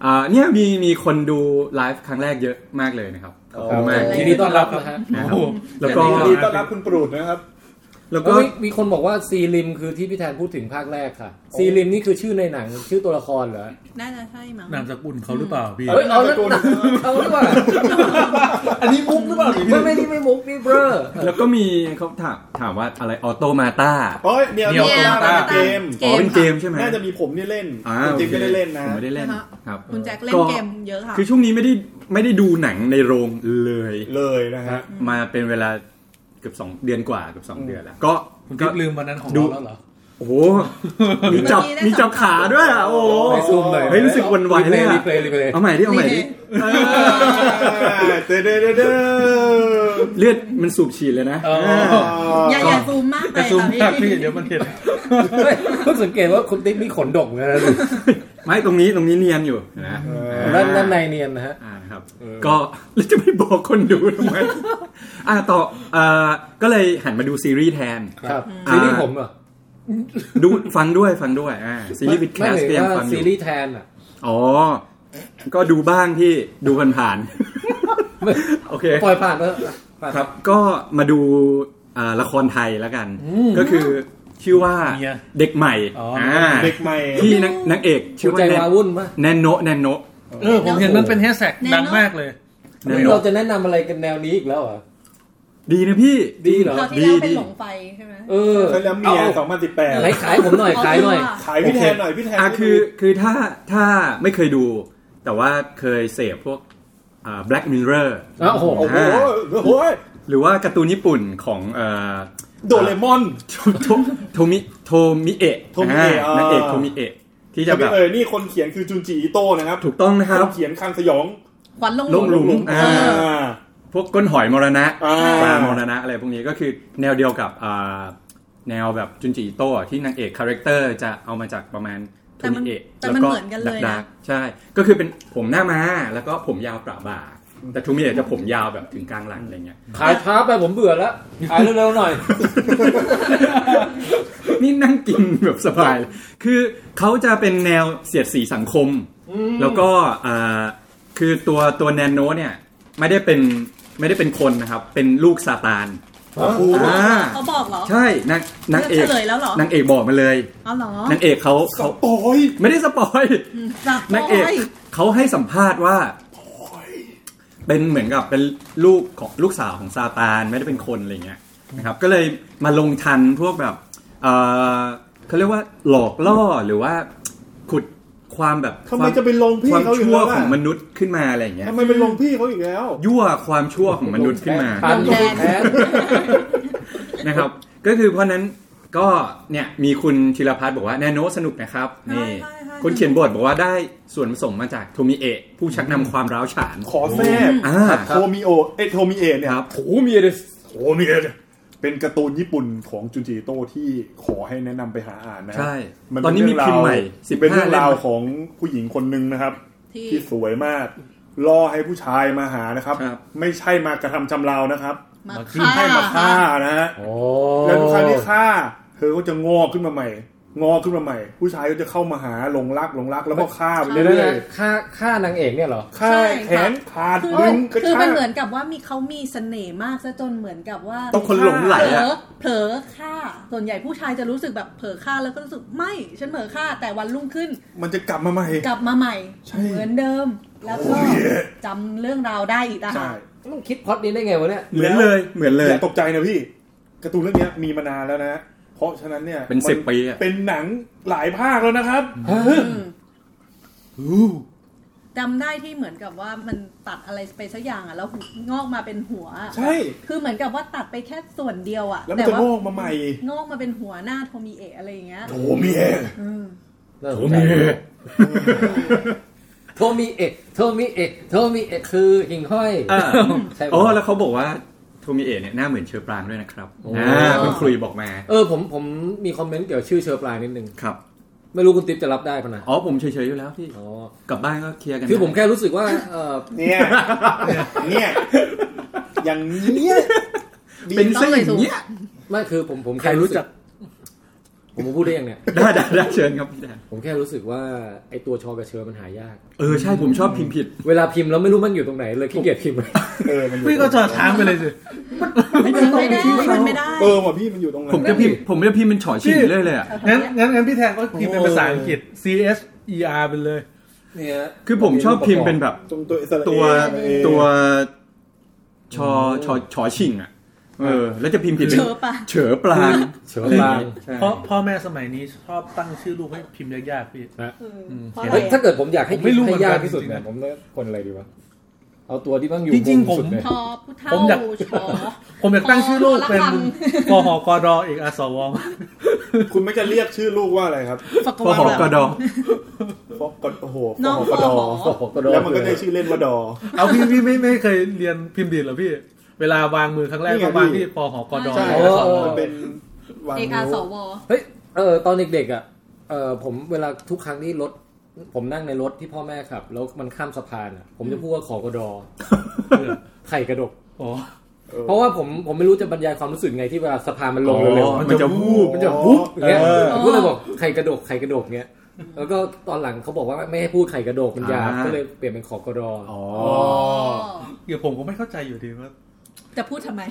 Speaker 4: อ่าเนี่ยมีมีคนดูไลฟ์ครั้งแรกเยอะมากเลยนะครับขอบคุณมาก
Speaker 3: ยินดีต้อนรับนะฮะ
Speaker 4: นะครั
Speaker 2: โอ้
Speaker 4: บ
Speaker 2: โห
Speaker 4: แล้วก็
Speaker 6: ยินดีต้อนรับคุณปรูดนะครับ
Speaker 4: แล้ว
Speaker 3: ก็
Speaker 4: ก็
Speaker 3: มีมีคนบอกว่าซีริมคือที่พี่แทนพูดถึงภาคแรกค่ะ ซีริมนี่คือชื่อในหนังชื่อตัวละครเหรอ
Speaker 5: น่าจะใช่มั้ง
Speaker 2: นามสกุลเขาหรือเปล่าพี่
Speaker 3: เอ้ยเอาแล้ว
Speaker 6: ตัวหนึ่ง
Speaker 3: เอาหรือเปล่า
Speaker 2: อันนี้มุกหรือเปล่า
Speaker 3: ไม่ไม่นี่ไม่มุกนี่เบ้อ
Speaker 4: แล้วก็มีเขาถามถามว่าอะไรออโตมาตา
Speaker 6: เฮ้ยเดี๋ยว
Speaker 2: เดี๋ย
Speaker 6: เดี๋ยว ว
Speaker 2: อ่
Speaker 6: เกม
Speaker 4: อ๋อเป็นเกมใช่ไหม
Speaker 6: น่าจะมีผมนี่เล่น
Speaker 4: อ่า
Speaker 6: คุณติ๊บ
Speaker 4: โอค
Speaker 6: ก็ได้เล่นนะ
Speaker 4: ผมไม่ได้เล่นครับ
Speaker 5: คุณแจ็คเล่นเกมเยอะค่ะ
Speaker 4: คือช่วงนี้ไม่ได้ไม่ได้ดูหนังในโรงเลย
Speaker 6: เลยนะฮะ
Speaker 4: มาเป็นเวลาเกือบสองเดือนกว่าเกือบสองเดือนแล้ว ก็
Speaker 2: คุณ
Speaker 4: ก็
Speaker 2: กิ๊บลืมวันนั้นของ
Speaker 4: ดู
Speaker 2: เราแล้วเหรอ
Speaker 4: โอ้โหมีจับมีจับขาด้วยอ่ะโอ้โห
Speaker 3: ไปซูมเลย
Speaker 4: เฮ้ยรู้สึกหวั่นไหวเลยอะ
Speaker 3: รีเพลย์รีเพลย์
Speaker 4: เอาใหม่ดิเอาใหม่ดิ
Speaker 6: เด้อเด้อเด้อเด้อ
Speaker 4: เลือดมันสูบฉีดเลยนะ
Speaker 2: อ๋อ
Speaker 4: เออ
Speaker 5: อย่าอย่าซูมมากไป
Speaker 2: กระซุม
Speaker 5: ค่ะ
Speaker 2: มาก
Speaker 5: พี่
Speaker 2: พี่เดี๋ยวมันเห็น
Speaker 3: ไม่เพิ่งสังเกตว่าคุณติ๊กมีขนดกเหมือนกันนะดู
Speaker 4: ไม่ตรงนี้ตรงนี้เนียนอยู่นะ
Speaker 3: ด้านด้านในเนียนนะฮะ
Speaker 4: อ่าครับ
Speaker 3: เออ
Speaker 4: ก็แล้วจะไม่บอกคนดูทำไมอ่าต่อเอ่อก็เลยหันมาดูซีรีส์แทน
Speaker 3: ครับ
Speaker 4: อ่า
Speaker 3: ซีรีส์ผมเหรอ
Speaker 4: ดูฟังด้วยฟังด้วยอ่าซีรีส์วิดแค
Speaker 3: ไม่
Speaker 4: สก็
Speaker 3: ไม่
Speaker 4: ยัง
Speaker 3: ว่า
Speaker 4: ฟังอ
Speaker 3: ซี
Speaker 4: ยู่
Speaker 3: รีส์แทนอ่ะ
Speaker 4: อ๋อ ก็ดูบ้างที่ดูผ่าน
Speaker 3: ไม่
Speaker 4: ๆ โอเค
Speaker 3: ปล่อยผ่านเถอะผ่าน
Speaker 4: ครับ ก็มาดูอ่าละครไทยแล้วกัน ก็คือชื่อว่า
Speaker 2: เมีย
Speaker 4: เด็กใหม่
Speaker 2: อ๋ออ่
Speaker 4: ่า
Speaker 6: เด็กใหม่
Speaker 4: ที่นางนางเอก
Speaker 3: หั
Speaker 4: ชื่อ
Speaker 3: ว
Speaker 4: ว่า
Speaker 3: ใจ
Speaker 4: แนน
Speaker 3: วาวุ่นปะ
Speaker 4: แนนโนะแนนโนะ
Speaker 2: เออผมเห็นมันเป็นแฮชแท็กดังมากเลย
Speaker 4: แนน
Speaker 3: นี่
Speaker 4: โนะ
Speaker 3: เราจะแนะนำอะไรกันแนวนี้อีกแล้วเหรอ
Speaker 4: ดีนะพี่
Speaker 3: ดีเหรอ
Speaker 5: เราวที่แล้วเป็นหลงไฟใช่ไหม
Speaker 3: เออ
Speaker 6: ใช้แล้วเมีย
Speaker 3: อา
Speaker 6: สองพันสิบแปด
Speaker 3: ไหนขายผมหน่อยขายหน่อย
Speaker 6: ขายพี่แทนหน่อยพี่แทน
Speaker 4: อ่ะ
Speaker 6: ไม่ดู
Speaker 4: คือคือถ้าถ้าไม่เคยดู แต่ว่าเคยเสพพวกอ่า Black Mirror
Speaker 3: อ้าวโอ้โห
Speaker 6: โอ้โหโอ้โห
Speaker 4: หรือว่าการ์ตูนญี่ปุ่นของเอ่อ
Speaker 6: โดเรมอน
Speaker 4: โทโทโทมิโทมิเอะ
Speaker 6: โทมิเอะ
Speaker 4: า
Speaker 6: อ่าน
Speaker 4: นางเอกโทมิเอะที่จะ
Speaker 6: จะ
Speaker 4: แบ
Speaker 6: ไม่
Speaker 4: บ
Speaker 6: เอ่ยนี่คนเขียนคือจุนจิอิโต้นะครับ
Speaker 4: ถูกต้องนะค
Speaker 6: ค
Speaker 4: รั
Speaker 6: น
Speaker 4: บ
Speaker 6: เขียนคังสยอง
Speaker 5: ขวัญลง
Speaker 4: ลงหลุม
Speaker 6: อ่
Speaker 4: อ่า
Speaker 6: า
Speaker 4: พวกก้นหอยมรณะ
Speaker 6: อ่า
Speaker 4: ปลามรณะอะไรพวกนี้ก็คือแนวเดียวกับอ่าแนวแบบจุนจิอิโต้อะที่นางเอกคาแรคเตอร์จะเอามาจากประมาณโท
Speaker 5: แต่มั
Speaker 4: มิ
Speaker 5: น
Speaker 4: เอะ
Speaker 5: แต่มันเหมือนกันเลย
Speaker 4: ดั
Speaker 5: นะ
Speaker 4: กๆใช่ ก็คือเป็นผมหน้าม้าแล้วก็ผมยาวประบ่า แต่โทูมิเอะจะผมยาวแบบถึงกลางหลังอะไรเงี้ย
Speaker 3: ขายช้าไปผมเบื่อ แล้ว ขายเร็วๆหน่อย
Speaker 4: นี่นั่งกินแบบสบายเลยคือเขาจะเป็นแนวเสียดสีสังคม แล้วก็อ่าคือตัวตัวแนนโนเนี่ยไม่ได้เป็นไม่ได้เป็นคนนะครับ เป็นลูกซาตานอ่า
Speaker 5: เขาบอกเหรอ
Speaker 4: ใช่นางนางเอก
Speaker 5: เฉลยแล้วเหรอ
Speaker 4: นางเอกบอกมาเลย
Speaker 5: อ๋อเหรอน
Speaker 4: างเอกเขา
Speaker 6: ส
Speaker 4: เขา
Speaker 6: ปอย
Speaker 4: ไม่ได้สปอย
Speaker 5: จับ
Speaker 4: นางเอก
Speaker 5: โย
Speaker 4: เขาให้สัมภาษณ์ว่า เป็นเหมือนกับเป็นลูกของลูกสาวของซาตานไม่ได้เป็นคนอะไรเงี้ยนะครับ ก็เลยมาลงทันพวกแบบเอ่อเขาเรียกว่าหลอกล่อหรือว่าขุดความแบบ
Speaker 6: ทำไมจะไปลงพี่
Speaker 4: ความ
Speaker 6: เขาอีก
Speaker 4: ชั่ว
Speaker 6: แล้ว
Speaker 4: ขอ
Speaker 6: อะ
Speaker 4: งมนุษย์ขึ้นมาอะไรเงี้ย
Speaker 6: ทำไมไปลงพี่เขาอีกแล้ว
Speaker 4: ยั่วความชั่วของมนุษย์ขึ้นมา
Speaker 3: ผ่านแทนแทน
Speaker 4: นะครับ ก็คือเพราะนั้นก็เนี่ยมีคุณธีรพัฒน์บอกว่าแนโนสนุกนะครับนี่คนเขียนบทบอกว่าได้ส่วนผสมมาจากโทมิเอะผู้ชักนำความร้าวฉาน
Speaker 6: ขอแทรก
Speaker 4: อ่า
Speaker 6: ครับโทมิโอเอยโทมิเอะเนี่ย
Speaker 4: ครับ
Speaker 6: โทมิเอะเนี่ยโทมิเอะเนี่ยเป็นการ์ตูนญี่ปุ่นของจุนจิอิโต้ที่ขอให้แนะนำไปหาอ่านนะ
Speaker 4: ใช่
Speaker 6: มัเป็
Speaker 4: ตอนนี้มีพิมพ์ใหม่
Speaker 6: เรื่องราว
Speaker 4: 15
Speaker 6: เป็นเรื่องราว
Speaker 4: เล่ม
Speaker 6: ของผู้หญิงคนหนึ่งนะครับ
Speaker 5: ที่
Speaker 6: ที่สวยมากล่อให้ผู้ชายมาหานะครับ
Speaker 4: ครับ
Speaker 6: ไม่ใช่มากระทำชำเรานะครับ
Speaker 5: มา
Speaker 6: คือให้มาฆ่านะฮะ
Speaker 3: โอ้
Speaker 6: แล้วทุกครั้งที่ฆ่า เธอก็จะงอกขึ้นมาใหม่ งอกขึ้นมาใหม่ ผู้ชายก็จะเข้ามาหาหลงรักหลงรักแล้วก็ฆ่าไป
Speaker 3: เดี๋ยวนะ
Speaker 6: เรื่อย
Speaker 3: ค่าค่านางเอกเนี่ยเหรอ
Speaker 6: ๆฆ่าแขนขาด
Speaker 5: คือ
Speaker 6: ดึงกระ
Speaker 5: คือ
Speaker 6: ชา
Speaker 5: มั
Speaker 6: ก
Speaker 5: นเหมือนกับว่ามีเขามีเสน่ห์มากซะจนเหมือนกับว่า
Speaker 4: ต้องคนหลงไหล
Speaker 5: เผล
Speaker 4: อะ
Speaker 5: อเผลอฆ่า ส่วนใหญ่ผู้ชายจะรู้สึกแบบเผลอฆ่าแล้วก็รู้สึกไม่ ฉันเผลอฆ่าแต่วันรุ่งขึ้น
Speaker 6: มันจะกลับมาใหม่
Speaker 5: กลับมาใหม่
Speaker 6: ใช่
Speaker 5: เหมือนเดิม แล้วก็จำเรื่องราวได้อีกอะ
Speaker 6: ใช่
Speaker 3: มันคิดพล็อดนี้ได้ไงวะเนี่ย
Speaker 4: เหมือนเลยเหมือนเลย
Speaker 6: อย่าตกใจนะพี่การ์ตูนเรื่องเนี้ยมีมานานแล้วนะ เพราะฉะนั้นเนี่ย
Speaker 4: เป็น
Speaker 6: มั
Speaker 4: สิบปีอะ
Speaker 6: เป็นหนังหลายภาคแล้วนะครับ
Speaker 5: อืมจำได้ที่เหมือนกับว่ามันตัดอะไรไปสักอย่างอะแล้วงอกมาเป็นหัว
Speaker 6: ใช่
Speaker 5: คือเหมือนกับว่าตัดไปแค่ส่วนเดียวอะ
Speaker 6: แล้วมันจะ
Speaker 5: าง
Speaker 6: อกมาใหม่
Speaker 5: งอกมาเป็นหัวหน้าโทมิเอะอะไรอย่างเงี้ย
Speaker 6: โถเมีย
Speaker 5: อืม
Speaker 3: โทมิโทมิเอะโทมิเอะโทมิเอะคือหิ่งห้อย
Speaker 4: อ่า
Speaker 3: ใช่ไหม
Speaker 4: อ๋อแล้วเขาบอกว่าโทมิเอะเนี่ยหน้าเหมือนเชอปรางด้วยนะครับ
Speaker 3: โอ้
Speaker 4: อ่าคุณครุยบอกมา
Speaker 3: เออผมผมมีคอมเมนต์เกี่ยวกับชื่อเชอร์ปลายนิดนึง
Speaker 4: ครับ
Speaker 3: ไม่รู้คุณติ๊บจะรับได้ปะนะ
Speaker 4: อ๋อผมเฉยๆอยู่แล้วพี่
Speaker 3: อ๋อก
Speaker 4: ลับบ้านก็เคลียร์กัน
Speaker 3: คือผมแค่รู้สึกว่าเออ
Speaker 6: เนี่ยเนี่ยอย่างเนี้ย
Speaker 4: เป็นเส้นอย่างเนี้ย
Speaker 3: ไม่คือผมผม
Speaker 2: ใคร
Speaker 3: แค่
Speaker 2: รู้
Speaker 3: รู้
Speaker 2: จั
Speaker 3: จั
Speaker 2: ก
Speaker 3: ก ผมพูดได้ยังเนี่ย
Speaker 4: ได้ได้ ได้เชิญครับพี่แดน
Speaker 3: ผมแค่รู้สึกว่าไอตัวชอกับเชอมันหายาก
Speaker 4: เออใช่ผมชอบพิมพ์ผิด
Speaker 3: เวลาพิมพ์แล้วไม่รู้มันอยู่ตรงไหนเลยขี้เกียจพิมพ์
Speaker 6: เออมันอยู่
Speaker 2: พี่ก็จอดทางไปเลยสิ
Speaker 5: มันไม่ได้มันไม่ได้
Speaker 6: เออว่ะพี่มันอยู่ตรงไหน
Speaker 4: ผมจะพิมพ์ผมจะพิมพ์เป็นฉอชิ่ง
Speaker 2: พี่
Speaker 4: เรื่อยเลยอ่ะ
Speaker 2: งั้นงั้นงั้นพี่แทนก็พิมพ์เป็นภาษาอังกฤษ C S E R ไปเลย
Speaker 3: เนี่ย
Speaker 4: คือผมชอบพิมพ์เป็นแบบ
Speaker 6: ตรงตัว SLA
Speaker 4: ตัว
Speaker 6: เออ
Speaker 4: ตัวชอชอชอชิ่งอ่ะเออ แล้วจะพิมพ์ผิดป็น
Speaker 5: เชอปะ
Speaker 4: เฉอปราง
Speaker 3: เชอปลาง
Speaker 4: ใช่
Speaker 2: เพราะพ่อแม่สมัยนี้ชอบตั้งชื่อลูกให้พิมพ์ยากๆพี่
Speaker 5: เพราะอะไร
Speaker 3: เฮ้ยถ้าเกิดผมอยากให้
Speaker 2: ผมไม่รู้
Speaker 3: ให้ยาก
Speaker 2: เหมือนกัน
Speaker 3: ที่สุด
Speaker 2: จริงๆ
Speaker 3: เนี่ย
Speaker 2: นะ
Speaker 3: ผมเลือกคนอะไรดีวะเอาตัวที่ต้องอยู่
Speaker 2: จริงๆ
Speaker 3: มุมสุด
Speaker 2: ผม
Speaker 3: เนี่ย
Speaker 5: ทอผู้
Speaker 2: ผ
Speaker 5: เฒ่า
Speaker 2: มอยาก
Speaker 5: ชอ
Speaker 2: ผมอยากตั้งชื่อลูกเป็น
Speaker 5: พอละ
Speaker 2: กอ
Speaker 5: ค
Speaker 2: หอกอดอเอกอส ว
Speaker 6: คุณไม่จะเรียกชื่อลูกว่าอะไรครับ
Speaker 5: ฝัก
Speaker 4: พอ
Speaker 5: วา
Speaker 4: หอ
Speaker 5: แบ
Speaker 4: กระ
Speaker 5: บ
Speaker 4: ดอ
Speaker 6: ฟอกกดโอ้โห
Speaker 5: น้อง
Speaker 6: ฟกกดอ
Speaker 5: ฟอกกด
Speaker 3: โอ้โหก็โดน
Speaker 6: แล้วมันก็ได้ชื่อเล่นว่าดอ
Speaker 2: เอาพี่พี่ไม่ไม่เคยเรียนพิมพ์ดีดเหรอพี่ เวลาวางมือครั้งแรก
Speaker 6: นี่ไง
Speaker 2: ก็วาง
Speaker 6: พี่
Speaker 2: ที่ปอหอกอดอ
Speaker 5: ใช่
Speaker 2: เอกอสว
Speaker 6: มันเป็นวาง
Speaker 5: เอก
Speaker 6: นิ้
Speaker 5: อาส
Speaker 6: ว
Speaker 5: ว
Speaker 3: ผ เออตอนเด็กๆอ่ะเออผมเวลาทุกครั้งที่รถ ผมนั่งในรถที่พ่อแม่ขับ แล้วมันข้ามสะพานอ่ะ ผมจะพูดว่าขอ กระดอไข่กระดก
Speaker 2: โอ้
Speaker 3: เพราะว่าผมผมไม่รู้จะบรรยายความรู้สึกไงที่เวลาสะพานมันลงเร็วๆ
Speaker 4: มั
Speaker 3: มัน น
Speaker 4: จะ
Speaker 3: จะ
Speaker 4: วูบ
Speaker 3: มันจะปุ๊บอย่างเงี้ย
Speaker 4: เออ
Speaker 3: ผมก็เลยบอกไข่กระดกไข่กระดกเงี้ยแล้วก็ตอนหลังเขาบอกว่าไม่ให้พูดไข่กระดกมันยาว
Speaker 4: อ่า
Speaker 3: ก็เลยเปลี่ยนเป็นขอกระดออ
Speaker 4: อ๋อ
Speaker 2: เดี๋ยวผมก็ไม่เข้าใจอยู่ดีว่า
Speaker 5: จะพูดทำไม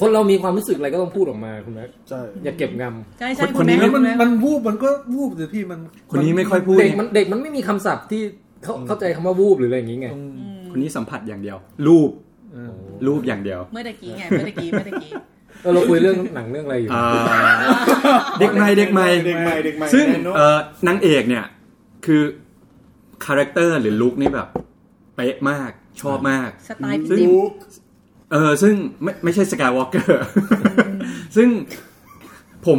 Speaker 3: คนเรามีความรู้สึกอะไรก็ต้องพูดออกมาคุณนะ
Speaker 6: ใช่
Speaker 3: อย่าเก็บง
Speaker 5: ใช่ใช่
Speaker 4: คนคนนี้
Speaker 5: แ
Speaker 2: แล้วมัน
Speaker 5: แ
Speaker 2: มันวูบมันก็วูบสิพี่มัน
Speaker 4: คนนี้ไม่ค่อยพู
Speaker 3: ำ
Speaker 4: ด
Speaker 3: เด็กมันเด็กมันไม่มีคำศัพท์ที่เขาเข้าใจคำว่าวูบหรืออะไรอย่างงี้ไง
Speaker 2: อืม
Speaker 5: อืม
Speaker 4: คนนี้สัมผัสอย่างเดียว รูป
Speaker 2: เออ
Speaker 4: รูปอย่างเดียว
Speaker 5: เมื่อตะกี้ไง เมื่อตะกี้ เมื่อตะกี้
Speaker 3: เออเราคุยเรื่องหนังเรื่องอะไรอยู่
Speaker 4: อ่าเด็กใหม่เด็กใหม่
Speaker 6: เด็กใหม่เด็กใหม่
Speaker 4: ซึ่ง
Speaker 6: แน่นน
Speaker 4: เอ่อนางเอกเนี่ย คือคาแรคเตอร์หรือลุคนี่แบบเป๊ะมากชอบมาก
Speaker 5: สไตล์พี่
Speaker 4: ซึ่ง
Speaker 5: ติ๊ม
Speaker 6: ลูก
Speaker 4: เออซึ่งไม่ไม่ใช่สกายวอล์กเกอร์ ซึ่งผม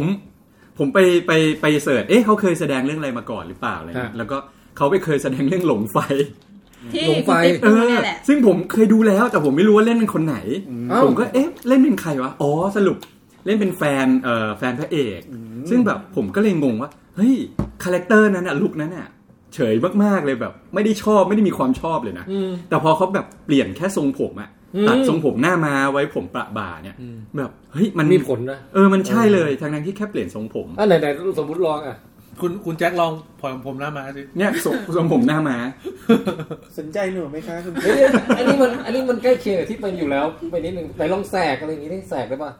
Speaker 4: ผมไปไปไปเสิร์ชเอ๊ะเขาเคยแสดงเรื่องอะไรมาก่อนหรือเปล่าอะไรเงี้ยแล้วก็เขาไปเคยแสดงเรื่องหลงไฟ
Speaker 5: ที่
Speaker 3: หลงไฟ
Speaker 5: คุณติ๊ม
Speaker 4: เอ
Speaker 5: พูด
Speaker 4: อ
Speaker 5: เนี่ยแหละ
Speaker 4: ซึ่งผมเคยดูแล้วแต่ผมไม่รู้ว่าเล่นเป็นคนไหน
Speaker 3: เอ้า
Speaker 4: ผมก็เอ๊ะเล่นเป็นใครวะ อ๋อสรุปเล่นเป็นแฟนเอ่อแฟนพระเอก ซึ่งแบบผมก็เลยงงว่า เฮ้ยคาแรคเตอร์นั้นอะลุคนั้นอะเฉยมากๆเลยแบบ ไม่ได้ชอบไม่ได้มีความชอบเลยนะ
Speaker 3: อืม
Speaker 4: แต่พอเขาแบบเปลี่ยนแค่ทรงผมอะ
Speaker 3: อืม
Speaker 4: ตัดทรงผมหน้ามาไว้ผมประบ่าเนี่ยแบบเฮ้ยมัน
Speaker 3: มีผลนะ
Speaker 4: เออมันใช่เลยทั้งนั้นที่แค่เปลี่ยนทรงผม
Speaker 3: อ่ะไหนไหนสมมติลองอ่ะ
Speaker 2: คุณคุณแจ็คลองผ่อนผมหน้ามาสิ
Speaker 4: เนี่ยทรงทรงผมหน้ามา
Speaker 6: สนใจหนูไหมคะคุณ
Speaker 3: เฮ้ยอันนี้มันอันนี้มันใกล้เคียงกับที่เป็นอยู่แล้วไปนิดนึงไหนลองแสกอะไรอย่างงี้ได้แสกได้ปะ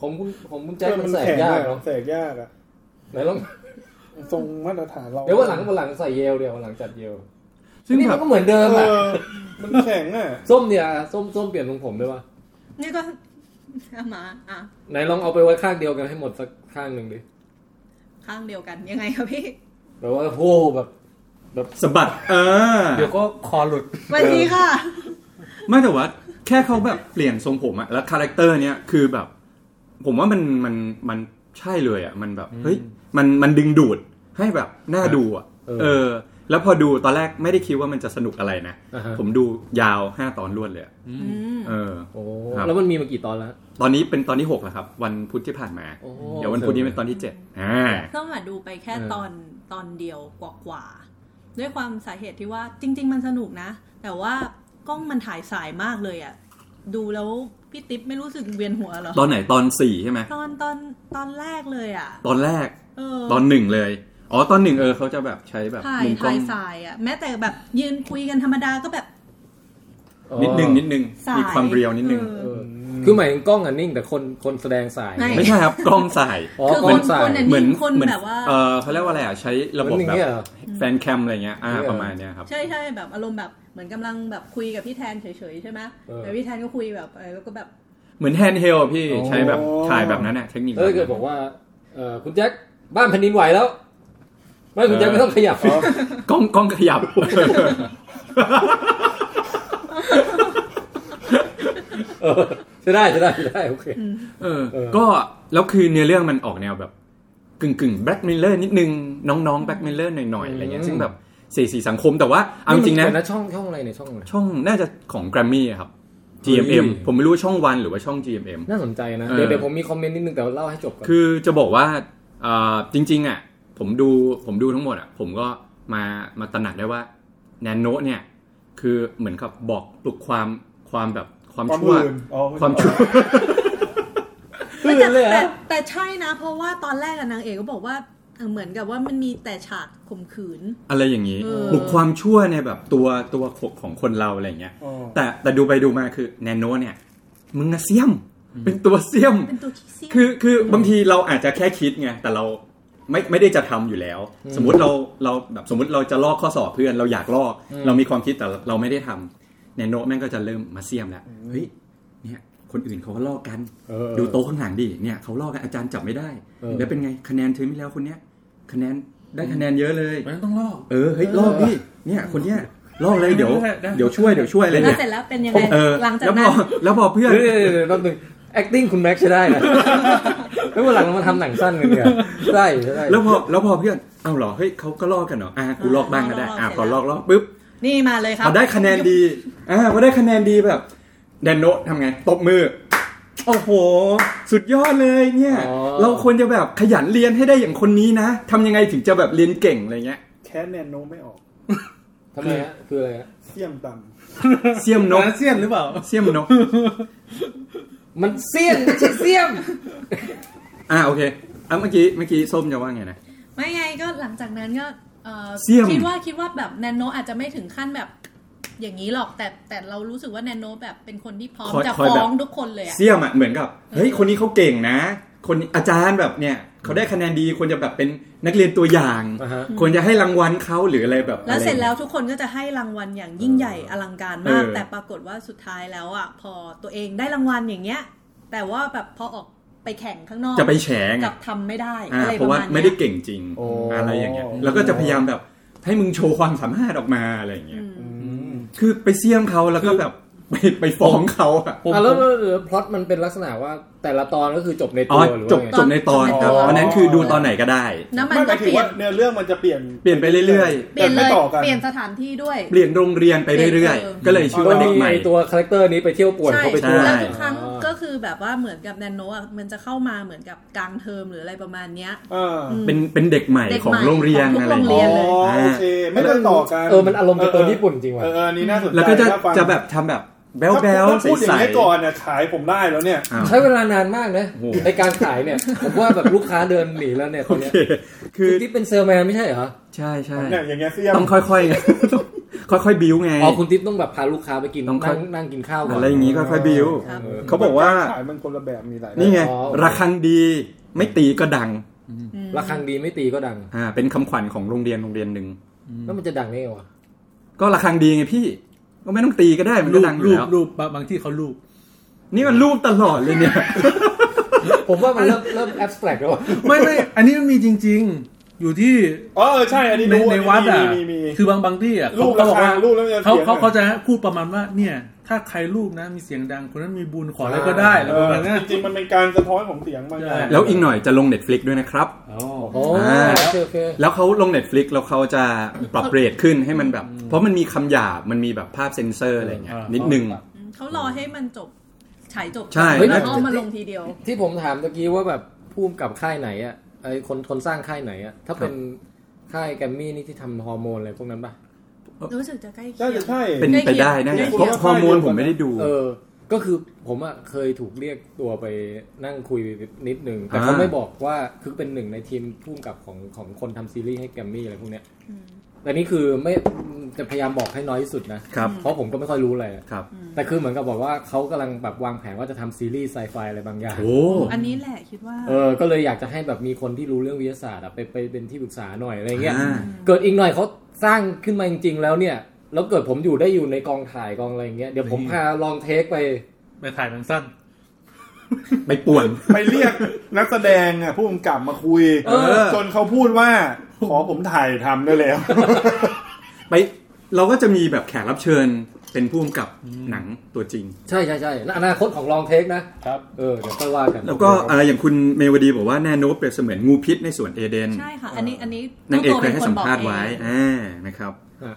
Speaker 3: ผมคุณผมคุณแจ็คมันแสกยากเนาะ
Speaker 6: แสกยากอะ
Speaker 3: ไหนลอง
Speaker 6: ทรงมาตรฐานเรา
Speaker 3: เดี๋ยววันหลังวันหลังใส่เยลเดี๋ยววันหลังจัดเยล
Speaker 4: ซึ่ง
Speaker 3: นี่
Speaker 4: แบ
Speaker 3: มั
Speaker 4: บ
Speaker 3: นก็เหมือนเดิม
Speaker 6: เอ
Speaker 3: อะ
Speaker 6: อมันแข็งอะ
Speaker 3: ส้มเนี่ยส้มส้มเปลี่ยนทรงผมได้ปะ
Speaker 5: นี่ก็ เอามา อ่ะ
Speaker 3: ไหนลองเอาไปไว้ข้างเดียวกันให้หมดสักข้างหนึ่งดิ
Speaker 5: ข้างเดียวกัน ยังไงครับพี่
Speaker 3: แบบว่าโหแบบ
Speaker 4: สะบัดเออ
Speaker 2: เดี๋ยวก็คอหลุด
Speaker 5: สวัสดีค่ะ
Speaker 4: ไม่แต่ว่าแค่เขาแบบเปลี่ยนทรงผมอะแล้วคาแรคเตอร์เนี้ยคือแบบ ผมว่ามันมันมันใช่เลยอะมันแบบเฮ้ยมันมันดึงดูดให้แบบน่าดูอะเออ แล้วพอดูตอนแรกไม่ได้คิดว่ามันจะสนุกอะไรนะ
Speaker 3: อ่ะฮะ
Speaker 4: ผมดูยาวห้าตอนรวดเลยอะ
Speaker 5: อืม
Speaker 4: เออ
Speaker 3: โอ้
Speaker 4: ครับ
Speaker 3: แล้วมันมีมากี่ตอนแล้ว
Speaker 4: ตอนนี้เป็นตอนที่หกแล้วครับ วันพุธที่ผ่านมา
Speaker 3: โอ้
Speaker 4: เดี๋ยววันพุธนี้เป็นตอนที่เจ็ดอ่า
Speaker 5: ต้องมาดูไปแค่
Speaker 3: เออ
Speaker 5: ตอนตอนเดียวกว่ากว่าๆด้วยความสาเหตุที่ว่าจริง ๆ มันสนุกนะ แต่ว่ากล้องมันถ่ายสายมากเลยอ่ะ ดูแล้วพี่ติ๊บไม่รู้สึกเวียนหัวเหรอ
Speaker 4: ตอนไหนตอนสี่ใช่ไหม
Speaker 5: ตอนตอนตอนแรกเลยอ่ะ
Speaker 4: ตอนแรก
Speaker 5: เออ
Speaker 4: ตอนหนึ่งเลยอ๋อตอนหนึ่งเออเขาจะแบบใช้แบบ
Speaker 5: ถ่าย
Speaker 4: มุมกล้
Speaker 5: ถ่า
Speaker 4: อง
Speaker 5: ยสายอ่ะ แม้แต่แบบยืนคุยกันธรรมดาก็แบบ
Speaker 4: นิดนึงนิดนึง
Speaker 5: สาย
Speaker 4: มีความเรียวนิดนึง
Speaker 5: เออ
Speaker 3: เออคือหมายถึงกล้องอ่ะนิ่งแต่คนคนแสดงสาย
Speaker 5: ไม่
Speaker 4: ไม่ใช่ครับกล้องสาย
Speaker 3: อ๋อ
Speaker 5: คือก
Speaker 3: ล้อ
Speaker 5: ค
Speaker 3: ง
Speaker 5: น
Speaker 3: สา
Speaker 5: ค
Speaker 3: ย
Speaker 5: นน่ะ
Speaker 4: เหมือน
Speaker 5: นิ่งคน
Speaker 4: เหมือน
Speaker 5: แบบว่า
Speaker 4: เออเขาเรียกว่าอะไรอ่ะ ใช้ระบบ
Speaker 3: มันอย่าง
Speaker 4: แบบ
Speaker 3: เงี้ยเหรอ
Speaker 4: แฟนแคมอะไรเงี้ยอ่า
Speaker 3: เออ
Speaker 4: ประมาณเนี้ยครับ
Speaker 5: ใช่ใช่แบบอารมณ์แบบเหมือนกำลังแบบคุยกับพี่แทนเฉยๆใช่ไหม
Speaker 3: เออ
Speaker 5: แต่พี่แทนก็คุยแบบเออแล้วก็แบบ
Speaker 4: เหมือนแฮนด์เฮลพี่
Speaker 3: อ๋อ
Speaker 4: ใช้แบบถ่ายแบบนั้นอ่ะเทคนิค
Speaker 3: เอ้ยเกิด
Speaker 4: แบบ
Speaker 3: บอ
Speaker 4: นั้
Speaker 3: น กว่าเออคุณแจ็คบ้านแผ่นดินไหวแล้ว ไม่คุณแจ็ค
Speaker 4: เออ
Speaker 3: ไม่ต้องขยับ
Speaker 4: กล้องกล้องขยับ
Speaker 3: เออจะได้จะได้จะได้โอเค
Speaker 4: เออ
Speaker 3: เออ
Speaker 4: ก็แล้วคือเนื้อเรื่องมันออกแนวแบบกึ่งกึ่งแบล็กมิลเลอร์นิดนึง น้องๆแบล็กมิลเลอร์หน่อยๆอะไรเงี้ยซึ่งแบบสีสีสังคมแต่ว่าเอาจริงๆนะ
Speaker 3: ดี๋ยวช่องช่องอะไรเนี่ยช่องอะไร
Speaker 4: ช่องน่าจะของแกรมมี่อะครับ
Speaker 3: เฮ้
Speaker 4: GMM
Speaker 3: ย
Speaker 4: ผมไม่รู้ว่าช่องวันหรือว่าช่อง GMM
Speaker 3: น่าสนใจนะ
Speaker 4: เออ
Speaker 3: เดี๋ยวเดี๋ยวผมมีคอมเมนต์นิดนึงแต่เล่าให้จบก่อน
Speaker 4: คือจะบอกว่าเอ่อจริง ๆอ่ะผมดูผมดูทั้งหมดอ่ะผมก็มามาตระหนักได้ว่าแนนโนะเนี่ย คือเหมือนกับบอกปลุกความความแบบความ
Speaker 6: ความ
Speaker 4: ชั่ว
Speaker 6: อื่นอ๋อ
Speaker 4: ความชั่ว
Speaker 5: ไม่แต่
Speaker 3: ตื่นเลยอะ
Speaker 5: แต่แต่ใช่นะ เพราะว่าตอนแรกอะนางเอกก็บอกว่าเออเหมือนกับว่ามันมีแต่ฉากข่มขืน
Speaker 4: อะไรอย่างนี้
Speaker 5: เออ
Speaker 4: ปลุกความชั่วในแบบตัวตัวของคนเราอะไรอย่างเงี้ย
Speaker 6: อ๋อ
Speaker 4: แต่แต่ดูไปดูมาคือแนนโนะเนี่ยมึงนะเสี้ยม เป็นตัวเสี้ยม
Speaker 5: เป็นตัวคิดซี่
Speaker 4: คือคือบางทีเราอาจจะแค่คิดไงแต่เราไม่ไม่ได้จะทำอยู่แล้ว สมมติเราเราแบบสมมติเราจะลอกข้อสอบเพื่อนเราอยากลอก
Speaker 3: อืม
Speaker 4: เรามีความคิดแต่เราไม่ได้ทำเนโนะแม่งก็จะเริ่มมาเสียมแล้วเฮ้ยเนี่ยคนอื่นเขาก็ลอกกัน
Speaker 3: เออ
Speaker 4: ดูโต๊ะข้างหลังดิเนี่ยเขาลอกกันอาจารย์จับไม่ได้
Speaker 3: เออ
Speaker 4: แล้วเป็นไงคะแนนเทอมที่แล้วคนเนี้ยคะแนนได้คะแนนเยอะเลย
Speaker 2: มันต้องลอก
Speaker 4: เออเฮ้ยลอกดิเนี่ยคนเนี้ยลอกเลยเดี๋ยว
Speaker 2: ได้ได้
Speaker 4: เดี๋ยวช่วยเดี๋ยวช่วยอะไร
Speaker 5: แล้ว
Speaker 4: เนี่ย
Speaker 5: เสร็จแล้วเป็นยังไง
Speaker 4: เออ
Speaker 5: หลังจาก
Speaker 4: แล้วพ
Speaker 5: นั้
Speaker 4: อน แล้วพอเพื่อน
Speaker 3: เดี๋ยวเดี๋ยวเดี๋ยวเดี๋ยวแป๊บนึง acting คุณแม็กซ์ใช้ได้ นะ แล้ววันหลังเรามาทำหนังสั้นกันเนี่ยได้ได้
Speaker 4: แล้วพอแล้วพอเพื่อนเอ้าเหรอเฮ้ยเขาก็ลอกกันเหรออ่ะกูลอกบ้างก็ได้อ่ะพอลอกลอกปุ๊บ
Speaker 5: นี่มาเลยครั
Speaker 4: พอได้คะแนนดีอ่ะพอได้คะแนนดีแบบแดนโนะทำไงตบมือ โอ้โห สุดยอดเลยเนี่ย
Speaker 3: อ๋อ
Speaker 4: เราควรจะแบบขยันเรียนให้ได้อย่างคนนี้นะทำยังไงถึงจะแบบเรียนเก่งอะไรเงี้ย
Speaker 6: แค่แนนโนไม่ออก
Speaker 3: ทำไมฮะคืออะไรฮะ
Speaker 6: เสี่ยมตัน
Speaker 4: เสียมนก
Speaker 2: อาเซียนหรือเปล่า
Speaker 4: เสียมนก
Speaker 3: มันเสี้ยนไม่ใช่เสี้ยม
Speaker 4: อ่าโอเคอ่ะเมื่อกี้เมื่อกี้ส้มจะว่าไงนะ
Speaker 5: ไม่ไงก็หลังจากนั้นก็เอ่อ
Speaker 4: เสี่ยม
Speaker 5: คิดว่าคิดว่าแบบแนนโนอาจจะไม่ถึงขั้นแบบอย่างนี้หรอกแต่แต่เรารู้สึกว่าแนนโนแบบเป็นคนที่พร้อม
Speaker 4: คอย
Speaker 5: จะ
Speaker 4: คอยแบบ
Speaker 5: ฟ้องทุกคนเลยอะ
Speaker 4: เสียมอ่ะเหมือนกับเฮ้ยคนนี้เขาเก่งนะ คนนี้อาจารย์แบบเนี่ยเขาได้คะแนนดีควรจะแบบเป็นนักเรียนตัวอย่าง
Speaker 3: อ่าฮะ
Speaker 4: ควรจะให้รางวัลเขาหรืออะไรแบบ
Speaker 5: แล้วเสร็จ
Speaker 4: อะไ
Speaker 5: แล้วทุกคนก็จะให้รางวัลอย่างยิ่งใหญ่อลังการมาก
Speaker 4: เออ
Speaker 5: แต่ปรากฏว่าสุดท้ายแล้วอ่ะพอตัวเองได้รางวัลอย่างเงี้ย แต่ว่าแบบพอออกไปแข่งข้างนอก
Speaker 4: จะไปแฉง
Speaker 5: กลั
Speaker 4: อ่ะ
Speaker 5: บทำไม่ได้
Speaker 4: อ่า
Speaker 5: อะไร
Speaker 4: เพ
Speaker 5: ประ
Speaker 4: ราะว่า
Speaker 5: มาณ
Speaker 4: ไม่
Speaker 5: เนี้
Speaker 4: ได้
Speaker 5: ย
Speaker 4: เก่งจริง
Speaker 3: โอ้
Speaker 4: อะไรอย่างเงี้ยแล้วก็จะพยายามแบบให้มึงโชว์ความสามารถออกมาอะไรอย่างเงี้ยคือไปเสียมเขาแล้วก็แบบ ไปไปฟ้องเขาอ่ะ
Speaker 3: อ่ะแล้วพล็อตมันเป็นลักษณะว่าแต่ละตอนก็คือจบใน
Speaker 4: อ๋
Speaker 3: ตั
Speaker 4: อ
Speaker 3: วหรือ
Speaker 4: จ
Speaker 3: ว่า
Speaker 4: บ
Speaker 3: ไง
Speaker 4: จบในตอนครับเพราะนั้นคือดูตอนไหนก็ได้
Speaker 5: แล้วมันก็
Speaker 6: ไม่หมายถึ
Speaker 5: เป
Speaker 6: ง
Speaker 5: ลี่ย
Speaker 6: ว่าน เนื้อเรื่องมันจะเปลี่ยน
Speaker 4: เปลี่ยนไปเรื่อย
Speaker 5: เปลี่ยนเล
Speaker 6: แต่
Speaker 5: ย
Speaker 6: ไม่ต่อกัน
Speaker 5: เปลี่ยนสถานที่ด้วย
Speaker 4: ๆ เปลี่ยนโรงเรียนไปเรื่อย
Speaker 5: เออ
Speaker 4: ๆ ก็เลยชื่อ
Speaker 3: ก็
Speaker 4: ว่า
Speaker 3: มี
Speaker 4: เด็กใหม่
Speaker 3: ไอ้ตัวคาแรคเตอร์นี้ไปเที่ยวป่วน
Speaker 5: ใช่
Speaker 3: เขาไป
Speaker 4: ใช่
Speaker 3: ทั่ว
Speaker 5: แล้วทุกครั้งก็คือแบบว่าเหมือนกับแนนโนอะมันจะเข้ามาเหมือนกับกลางเทอมหรืออะไรประมาณเนี้ย
Speaker 6: เออ
Speaker 4: เป็นเป็นเด็กใหม่
Speaker 5: เด็กใหม่
Speaker 4: ของโรงเรียน
Speaker 5: ของทุก
Speaker 4: อะไรอย่าง
Speaker 5: โร
Speaker 6: อ๋
Speaker 5: ง
Speaker 6: อ
Speaker 5: เรี
Speaker 4: เงี้
Speaker 5: ย
Speaker 4: ย
Speaker 5: น
Speaker 6: โอเคไม่ต้องต่อกัน
Speaker 3: เออมันอารมณ์การ์ตูนญี่ปุ่นจริงว่ะ
Speaker 6: เออเอออันนี้น่าสนใจ
Speaker 4: แล้วก็จะ
Speaker 6: น่าฟัง
Speaker 4: จะแบบทำแบบแบ๊วแบ
Speaker 6: ถ้า
Speaker 4: ใ
Speaker 6: พูดอ
Speaker 4: ส
Speaker 6: ย่างนี้ก่อนเนี่ยขายผมได้แล้วเนี่ย
Speaker 4: ๆอ้าว
Speaker 3: ใช้เวลานานมากนะ
Speaker 4: โอ้โห
Speaker 3: ในการขาย เนี่ยผมว่าแบบลูกค้าเดินหนีแล้วเนี่ยต
Speaker 4: โอ
Speaker 3: อนเนี้
Speaker 4: เค
Speaker 3: ย
Speaker 4: คือ
Speaker 3: คุณติ๊บเป็นเซลแมนไม่ใช่เหรอ
Speaker 4: ใช่ใช่
Speaker 6: เนี่ยอย่างเงี้ยเสี่ยม
Speaker 4: ต้องค่อยๆไงต้องค่อยๆบิ้วไง
Speaker 3: อ๋อคุณติ๊บต้องแบบพาลูกค้าไปกิน
Speaker 4: ต้อง
Speaker 3: นั่
Speaker 4: เข้า
Speaker 3: งนั่งกินข้าวก่อน
Speaker 4: อะไรอย่างนี้ค่อยๆบิ้ว
Speaker 5: ครับ
Speaker 3: เออ
Speaker 4: เขาบอกว่า
Speaker 6: ขายมันคนละแบบมีหลายแบบ
Speaker 4: นี่ไง
Speaker 3: อ๋อ
Speaker 4: ระฆังดีไม่ตีก็ดัง
Speaker 3: ระคังดีไม่ตีก็ดัง
Speaker 4: อ่าเป็นคำขวัญของโรงเรียนโรงเรียนหนึ่ง
Speaker 3: แล้วมันจะดังได้ไงวะ
Speaker 4: ก็ระฆังดีไงพี่ ก็ไม่ต้องตีก็ได้มัน
Speaker 2: รู
Speaker 4: ก็
Speaker 2: ป
Speaker 4: ดังอยู่
Speaker 2: รูป
Speaker 4: แล้ว
Speaker 2: รูปบางบางที่เขารูป
Speaker 4: นี่มันรูปตลอดเลยเนี่ย
Speaker 3: ผมว่ามันเริ่มเริ่มแอบสแตรกแล้วอะ
Speaker 2: ไม่ไม่ อันนี้มันมีจริง ๆ อยู่ที่
Speaker 6: อ๋อเออใช่อันนี้
Speaker 2: ใน
Speaker 6: รู้
Speaker 2: ในวัดอ่ะ
Speaker 6: มีมีมี
Speaker 2: คือบางบางที่อ่ะ
Speaker 6: รู
Speaker 2: เขา
Speaker 6: ป
Speaker 2: เขาบอกว่า
Speaker 6: ราคารูปแล้วมันจะ
Speaker 2: เขา
Speaker 6: เสียง
Speaker 2: เขา
Speaker 6: อะ
Speaker 2: เขาจะพูดประมาณว่าเนี่ย ถ้าใครรูปนะมีเสียงดังคนนั้นมีบุญขออะไรก็ได้อะไร
Speaker 6: เอ
Speaker 2: ประ
Speaker 6: อ
Speaker 2: มาณเนี้ย
Speaker 6: จริงๆมันเป็นการสะท้อนของเสียงบางอย่าง
Speaker 2: ใช่
Speaker 4: แล้วอีกหน่อยจะลง Netflix ด้วยนะครับ
Speaker 2: อ๋อ
Speaker 3: โอ้
Speaker 4: อ่า
Speaker 3: โอเคโอเค
Speaker 4: แล้วเขาลง Netflix แล้วเขาจะปรับเรทขึ้นให้มันแบบ เพราะมันมีคำหยาบ มันมีแบบภาพเซ็นเซอร์อะไรอย่างเงี้ยนิดนึง
Speaker 5: อืมเขารอให้มันจบฉายจบ
Speaker 4: ใช่
Speaker 5: แล้วเขาเอามาลงทีเดียว
Speaker 3: ที่ผมถามตะกี้ว่าแบบพุ่มกับค่ายไหนอะไอคนคนสร้างค่ายไหนอะถ้าเป็นค่ายแกรมมี่นี่ที่ทำฮอร์โมนอะไรพวกนั้นปะ
Speaker 5: รู้สึกจะใกล้เคี
Speaker 6: น่าย จะ
Speaker 5: ง
Speaker 6: ใช่
Speaker 4: เป็นไปได้นะ
Speaker 6: ใกล้เคียง
Speaker 4: เพราะฮอร์โมนผมไม่ได้ดู
Speaker 3: เออ ก็คือผมอะเคยถูกเรียกตัวไปนั่งคุยนิดหนึ่ง แต่
Speaker 4: อ่า
Speaker 3: เขาไม่บอกว่าคือเป็นหนึ่งในทีมพุ่มกับของของคนทำซีรีส์ให้แกรมมี่อะไรพวกเนี้ยแต่นี่คือไม่จะพยายามบอกให้น้อยที่สุดนะ
Speaker 4: ครับ
Speaker 3: เพราะผมก็ไม่ค่อยรู้อะไรอะ
Speaker 4: ครับ
Speaker 3: แต่คือเหมือนกับบอกว่าเขากำลังแบบวางแผนว่าจะทำซีรีส์ไซไฟอะไรบางอย่าง
Speaker 4: โอ้
Speaker 5: อันนี้แหละคิดว่า
Speaker 3: เออ ก็เลยอยากจะให้แบบมีคนที่รู้เรื่องวิทยาศาสตร์อะไปไปเป็นที่ปรึกษาหน่อยอะไรเงี้ย
Speaker 4: อ่า
Speaker 3: เกิดอีกหน่อยเขาสร้างขึ้นมาจริง ๆ แล้วเนี่ย แล้วเกิดผมอยู่ได้อยู่ในกองถ่ายกองอะไรเงี้ย เดี๋ยวผมพาลองเทคไป
Speaker 2: ไปถ่ายหนังสั้น
Speaker 4: ไปป่วน
Speaker 6: ไปเรียกนักแสดงอ่ะผู้กำกับมาคุย
Speaker 4: เออ
Speaker 6: จนเขาพูดว่า ขอผมถ่ายทำได้แล้ว
Speaker 4: ไปเราก็จะมีแบบแขกรับเชิญเป็นผู้กำกับหนังตัวจริง
Speaker 3: ใช่ใช่ใช่อนาคตของลองเทคนะ
Speaker 2: ครับ
Speaker 3: เออ เดี๋ยวค่อยว่ากัน
Speaker 4: แล้วก็เอ่ออย่างคุณเมวดีบอกว่าแนโนเปรียบเสมือนงูพิษในสวนเอเดน
Speaker 5: ใช่ค่ะ อันนี้อันนี้
Speaker 4: นางเอก
Speaker 5: ตัว
Speaker 4: เคยให้สัมภาษณ์
Speaker 5: ป็นคนบอก
Speaker 4: ไว้
Speaker 5: เอง
Speaker 4: อ่านะครับ
Speaker 3: อ่ะ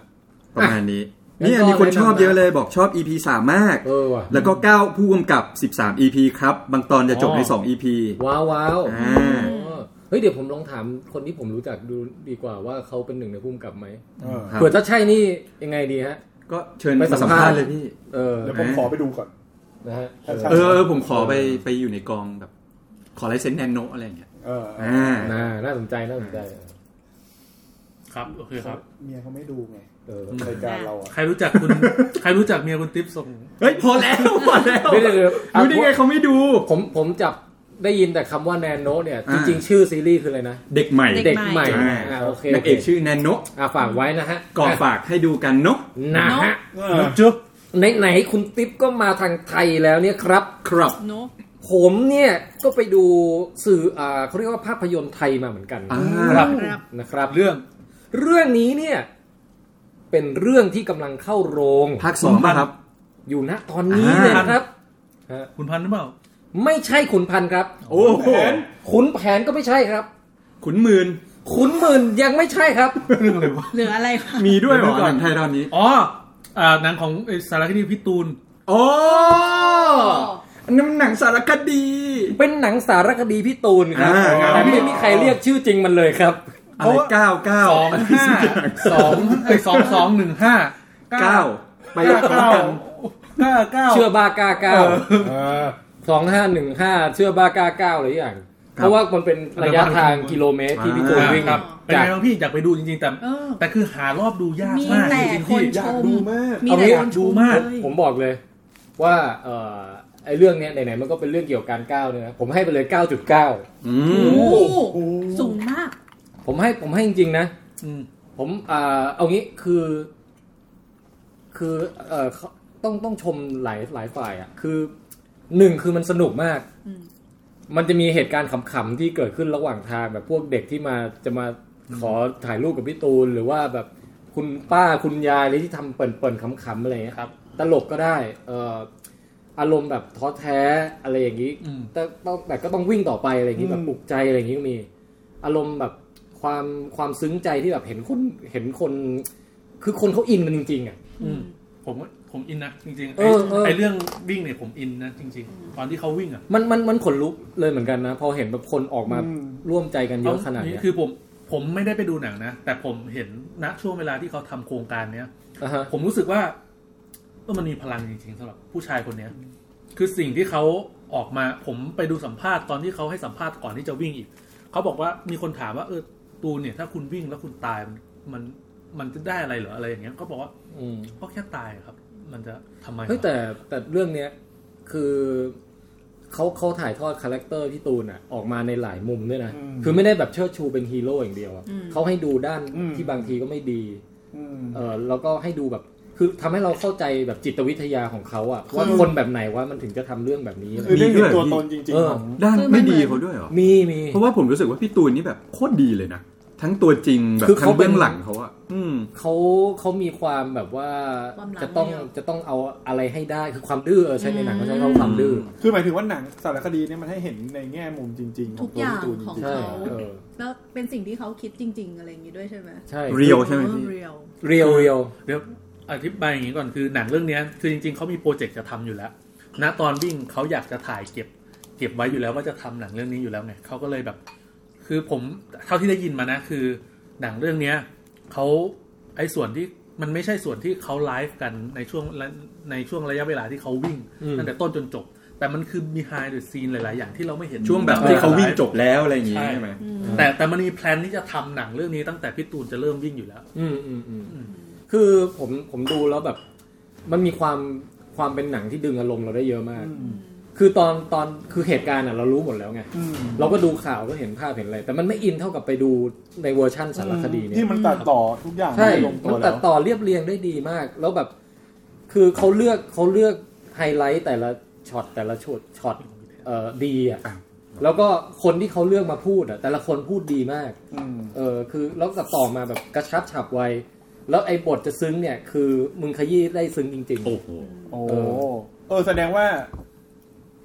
Speaker 4: ประมาณนี้
Speaker 3: อ่ะ
Speaker 4: เนี่ย
Speaker 3: งั้นก็
Speaker 4: มีคนชอบ
Speaker 3: แนะนำนะ
Speaker 4: เยอะเลยบอกชอบ EP สามมาก
Speaker 3: เออว่ะ
Speaker 4: แล้วก็ 9 ผู้กำกับ 13 EP ครับ บางตอนจะจบใน
Speaker 2: อ๋อ
Speaker 4: 2 EP
Speaker 3: ว้าวว้าว
Speaker 4: อ่า
Speaker 3: เออเฮ้ย เดี๋ยวผมลองถามคนที่ผมรู้จักดูดีกว่าว่าเขาเป็นหนึ่งในภูมิกับไหม
Speaker 6: เออ
Speaker 4: ครับ
Speaker 3: เผื่อถ้าใช่นี่ยังไงดีฮะ
Speaker 4: ก็เชิญ
Speaker 3: ไป
Speaker 4: มา
Speaker 3: สั
Speaker 4: สั
Speaker 3: ม
Speaker 4: ม
Speaker 3: ภา
Speaker 4: ภา
Speaker 3: ษณ์
Speaker 4: ษณ์เลยพี่
Speaker 3: เออ
Speaker 6: เดี๋ยวผมขอไปดูก่อน
Speaker 3: นะฮะเออ
Speaker 4: เออเออผมขอไปไปอยู่ในกองแบบ ขอลายเซ็นแนนโนอะไรอย่างเงี้ย
Speaker 6: เออ
Speaker 4: อ่า
Speaker 3: น่าน่าสนใจ น่าสนใจ
Speaker 2: ครับ โอเคครับ
Speaker 6: เมียเขาไม่ดูไง
Speaker 3: เออ
Speaker 6: รายการเราอ่ะ
Speaker 2: ใครรู้จักคุณ ใครรู้จักเมียคุณติ๊บส่ง
Speaker 4: เฮ้ย พอแล้ว พอแล้ว
Speaker 3: ไม่ได้เลยอ่ะ
Speaker 4: รู้ได้ไงเขาไม่ดู
Speaker 3: ผมผมจับได้ยินแต่คำว่าแนนโนเนี่ย
Speaker 4: อ่า
Speaker 3: จริง ๆ ชื่อซีรีส์คืออะไรนะ
Speaker 4: เด็กใหม่
Speaker 5: เด็
Speaker 3: เด็ก
Speaker 5: ก
Speaker 3: ให
Speaker 5: ใหม่
Speaker 3: ม่
Speaker 4: อ่า
Speaker 3: อ่าโอเค
Speaker 4: นักเอกชื่อแนนโน
Speaker 3: อ่ะฝากไว้นะฮะ
Speaker 4: ก่อฝากให้ดูกันเนาะ
Speaker 3: นะฮะ
Speaker 6: เออ
Speaker 2: จุ๊บ
Speaker 3: ไหนไหนๆคุณติ๊บก็มาทางไทยแล้วเนี่ยครับ
Speaker 4: ครับ
Speaker 5: เนอะ
Speaker 3: ผมเนี่ยก็ไปดูสื่ออ่าเขาเรียกว่าภาพยนตร์ไทยมาเหมือนกัน
Speaker 4: อ่า
Speaker 3: ครับนะครับ
Speaker 2: เรื่อง
Speaker 3: เรื่องนี้เนี่ยเป็นเรื่องที่กำลังเข้าโรง
Speaker 4: ภาคสองป่ะครับ
Speaker 3: อยู่ณตอนนี้เลยนะครับฮะ
Speaker 2: คุณพันธุ์หรือเปล่า
Speaker 3: ไม่ใช่ขุนพันธ์ครับ
Speaker 4: โอ้โห
Speaker 3: ขุนแผนก็ไม่ใช่ครับ
Speaker 4: ขุนหมื่น
Speaker 3: ขุนหมื่นยังไม่ใช่ครับ
Speaker 2: เรื่องอะไรวะ
Speaker 5: เหลืออะไรคะ
Speaker 4: มีด้วยเหรอ
Speaker 2: เดี๋ยวก่
Speaker 4: ห
Speaker 2: อน
Speaker 4: นังไทยตอนนี้
Speaker 2: อ๋ออ่าหนังของไอ้สารคดีพี่ตูน
Speaker 4: อ๋อ อันนั้นมันหนังสารคดี
Speaker 3: เป็นหนังสารคดีพี่ตูนครับ
Speaker 4: อ่าครับ
Speaker 3: แต่ไม่มีใครเรียกชื่อจริงมันเลยครับ
Speaker 4: อะไรเก้าเก้า
Speaker 2: สองห้าสองไอสองสองหนึ่งห้า
Speaker 4: เก้าไป
Speaker 2: เก้า
Speaker 4: พร้อม
Speaker 2: เก้า
Speaker 4: กัน
Speaker 2: เก้าเก้า
Speaker 3: เชื่อบ้ากล้าเก้าสองห้าหนึ่งห้าเชื่อบ้ากล้าเก้าอะไรอย่าง เพราะว่ามันเป็นระยะทางกิโลเมตรที่พี่ตูนวิ่ง
Speaker 2: ครับเป็น
Speaker 3: จาก
Speaker 2: ไงบ้างพี่อยากไปดูจริงๆแต่
Speaker 5: เออ
Speaker 2: แต่คือหารอบดูยาก
Speaker 5: มี
Speaker 2: มาก
Speaker 5: แต่
Speaker 2: จริงๆ
Speaker 5: ค
Speaker 2: พี่
Speaker 5: น
Speaker 6: อ
Speaker 5: ช
Speaker 6: ยาก
Speaker 5: ม
Speaker 6: ดูมาก
Speaker 5: มี
Speaker 3: เอางี้
Speaker 5: แต่คนช
Speaker 2: ดู
Speaker 5: ม
Speaker 2: มาก
Speaker 5: เลย
Speaker 3: ผมบอกเลยว่าเออไอเรื่องเนี้ยไหนๆมันก็เป็นเรื่องเกี่ยวกับการก้าวเนี่ยนะผมให้ไปเลย 9.9
Speaker 4: อื
Speaker 5: โอ้
Speaker 4: ม
Speaker 5: โหสูงมาก
Speaker 3: ผมให้ผมให้จริงๆนะ
Speaker 2: อืม
Speaker 3: ผมอ่าเอางี้คือ คือเออเขาต้องต้องชมหลายหลายฝ่ายอ่ะ คือหนึ่งคือมันสนุกมาก
Speaker 5: อืม
Speaker 3: มันจะมีเหตุการณ์ขำๆที่เกิดขึ้นระหว่างทางแบบพวกเด็กที่มาจะมาขอถ่ายรูปกับพี่ตูน หรือว่าแบบคุณป้าคุณยายอะไรที่ทำเปิ่นๆขำๆอะไรอย่างเงี้ย
Speaker 2: ครับ
Speaker 3: ตลกก็ได้ เอ่ออารมณ์แบบท้อแท้อะไรอย่างนี้
Speaker 2: อืม
Speaker 3: แต่ต้องแต่ก็ต้องวิ่งต่อไปอะไรอย่างนี้แบบปลุกใจอะไรอย่างนี้ก็มี อารมณ์แบบความความซึ้งใจที่แบบเห็นคนเห็นคน คือคนเขาอินมันจริงๆอ่ะ
Speaker 2: อืมผมผมอินนะจริงๆ
Speaker 3: เอ
Speaker 2: ไอ้
Speaker 3: อเออ
Speaker 2: ไอ้เรื่องวิ่งเนี่ยผมอินนะจริง ๆ ตอนที่เขาวิ่งอ่ะ
Speaker 3: มันมันมันขนลุกเลยเหมือนกันนะ พอเห็นแบบคนออกมาร่วมใจกันเยอะขนาดเนี้ย
Speaker 2: คือผมผมไม่ได้ไปดูหนังนะ แต่ผมเห็นณช่วงเวลาที่เขาทำโครงการเนี้ย
Speaker 3: อ่าฮะ
Speaker 2: ผมรู้สึกว่าเออมันมีพลังจริงๆสำหรับผู้ชายคนเนี้ย คือสิ่งที่เขาออกมาผมไปดูสัมภาษณ์ตอนที่เขาให้สัมภาษณ์ก่อนที่จะวิ่งอีก เขาบอกว่ามีคนถามว่าเออตูนเนี่ย ถ้าคุณวิ่งแล้วคุณตายมันมันมันจะได้อะไรเหรออะไรอย่างเงี้ยก็บอกว่า
Speaker 3: อืม
Speaker 2: ก็แค่ตายครับ มันจะทำไม
Speaker 3: เฮ้ยแต่แต่เรื่องเนี้ยคือเขาเขาถ่ายทอดคาแรคเตอร์พี่ตูนอะออกมาในหลายมุมด้วยนะ
Speaker 6: อืม
Speaker 3: คือไม่ได้แบบเชิดชูเป็นฮีโร่อย่างเดียวอะ
Speaker 5: อืม
Speaker 3: เขาให้ดูด้าน
Speaker 6: อืม
Speaker 3: ที่บางทีก็ไม่ดี เออแล้วก็ให้ดูแบบคือทำให้เราเข้าใจแบบจิตวิทยาของเขาอะว่าคนแบบไหนว่ามันถึงจะทำเรื่องแบบนี้อะไร
Speaker 6: คือเรื่อง
Speaker 4: มีด้วย
Speaker 6: เห็นตัวตนจริง
Speaker 3: เออ
Speaker 6: ๆของ
Speaker 4: ด้าน
Speaker 5: คือมัน
Speaker 4: ไม่ดีเขาด้วยเหรอ
Speaker 3: มีมี
Speaker 4: เพราะว่าผมรู้สึกว่าพี่ตูนนี่แบบโคตรดีเลยนะ ทั้งตัวจริงแบบทั้งเบื้องหลังเขาอะอืม
Speaker 3: เขาเขามีความแบบว่า
Speaker 5: ความหลัง
Speaker 3: จะต้อง
Speaker 5: เนี่ย
Speaker 3: จะต้องเอาอะไรให้ได้คือความดื้อเออใช่ในหนังเขาใช้คำว่าความดื้อ
Speaker 6: คือหมายถึงว่าหนังสารคดีเนี่ยมันให้เห็นในแง่มุมจริงๆ
Speaker 5: ทุกอย่าง
Speaker 6: ตัวพี่ตูนจ
Speaker 5: ของ
Speaker 6: ริง
Speaker 3: ใช่
Speaker 5: เขา
Speaker 3: เออ
Speaker 5: แล้วเป็นสิ่งที่เขาคิดจริง ๆ อะไรอย่างนี้ด้วยใช่ไหม
Speaker 3: ใช่
Speaker 4: เรียล ใช่ไหมพี่
Speaker 5: เรียว
Speaker 3: เรียวเรียว
Speaker 2: เดี๋ยวอธิบายอย่างนี้ก่อนคือหนังเรื่องเนี้ยคือจริง ๆเขามีโปรเจกต์จะทำอยู่แล้ว ณตอนวิ่งเขาอยากจะถ่ายเก็บ เก็บไว้อยู่แล้วว่าจะทำหนังเรื่องนี้อยู่แล้วไงเขาก็เลยแบบ คือผมเท่าที่ได้ยินมานะคือ หนังเรื่องเนี้ยเขาไอ้ส่วนที่มันไม่ใช่ส่วนที่เขาไลฟ์กันในช่วงและในช่วงระยะเวลาที่เขาวิ่งตั้งแต่ต้นจนจบ แต่มันคือมีไฮเดอ s ซีนหลาย ๆ อย่างที่เราไม่เห็น
Speaker 4: ช่วงแบบที่เขาวิ่งจบแล้วอะไรอย่างงี้
Speaker 2: ใช่
Speaker 4: ใช่ไหม
Speaker 2: แต่แต่มันมีแพลนที่จะทำหนังเรื่องนี้ตั้งแต่พี่ตูนจะเริ่มวิ่งอยู่แล้ว
Speaker 3: อืมอืมอืม
Speaker 2: อืม
Speaker 3: คือผมผมดูแล้วแบบ มันมีความความเป็นหนังที่ดึงอารมณ์เราได้เยอะมาก คือตอนตอนคือเหตุการณ์อ่ะเรารู้หมดแล้วไง
Speaker 6: อืม
Speaker 3: เราก็ดูข่าวก็เห็นภาพเห็นอะไรแต่มันไม่อินเท่ากับไปดูในเวอร์ชั่นสารคดีเนี่
Speaker 6: ที่
Speaker 3: ย
Speaker 6: มันตัดต่อทุกอย่าง
Speaker 3: ใช่
Speaker 6: ห้ลงตั
Speaker 3: มั
Speaker 6: วน แล้
Speaker 3: ตัว ดต่อเรียบเรียงได้ดีมาก แล้วแบบ คือเขาเลือกเขาเลือกไฮไลท์แต่ละช็อตแต่ละช็อตช็อตเอ่อดีอ่ะ
Speaker 4: อ่ะ
Speaker 3: แล้วก็คนที่เขาเลือกมาพูดอ่ะแต่ละคนพูดดีมาก
Speaker 6: อืม
Speaker 3: เออคือแล้วตัดต่อมาแบบกระชับฉับไวแล้วไอ้บทจะซึ้งเนี่ย คือมึงขยี้ได้ซึ้งจริง
Speaker 4: โอ้โห
Speaker 6: โอ้เออแสดงว่า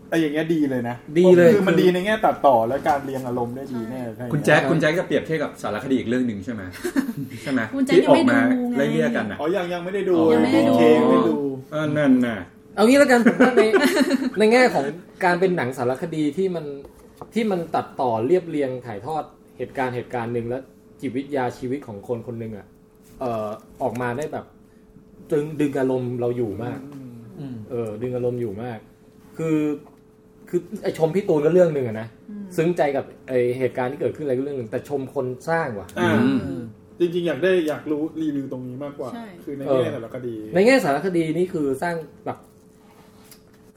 Speaker 6: ไอ้อย่างเงี้ยดีเลยนะ
Speaker 3: ดีเลย
Speaker 6: คือมันดีในแง่ตัดต่อและการเรียงอารมณ์ได้ดีแน่ใช่ไหม
Speaker 4: คุณแจ็คคุณแจ็คจะเปรียบเทียบกับสารคดีอีกเรื่องหนึ่งใช่ไหมใช่ไหม
Speaker 5: คุณแจ็ค
Speaker 4: ที่
Speaker 5: ยั
Speaker 4: อง อก
Speaker 5: ไม่
Speaker 4: มา
Speaker 5: ดูไง
Speaker 4: ไล่เลี่ยกันอ่ะ
Speaker 6: อ๋อยังยังไม่ได้ดู
Speaker 4: ยังไม่ได้ดู
Speaker 6: โอเคไม่ดู
Speaker 4: เออนั่นน่ะ
Speaker 3: ๆ เอางี้แล้วกัน ผมว่าใน ในแง่ของการเป็นหนังสารคดีที่มันที่มันตัดต่อเรียบเรียงถ่ายทอดเหตุการณ์เหตุการณ์หนึ่งแล้วจิตวิทยาชีวิตของคนคนหนึ่งอ่ะเอ่อออกมาได้แบบดึงดึงอารมณ์เราอยู่มาก
Speaker 2: อืม
Speaker 3: เออดึงอารมณ์อยู่มาก คือคือไอชมพี่ตูนก็เรื่องหนึ่งอะนะซึ้งใจกับไอเหตุการณ์ที่เกิดขึ้นอะไรก็เรื่องหนึ่งแต่ชมคนสร้างว่ะ
Speaker 6: อ่า
Speaker 4: อืม
Speaker 6: จริงๆ อยากได้อยากรู้รีวิวตรงนี้มากกว่า
Speaker 5: ใช่
Speaker 6: คือใน
Speaker 3: เออ
Speaker 6: แง่สารคดี
Speaker 3: ในแง่สารคดีนี่คือสร้างแบบ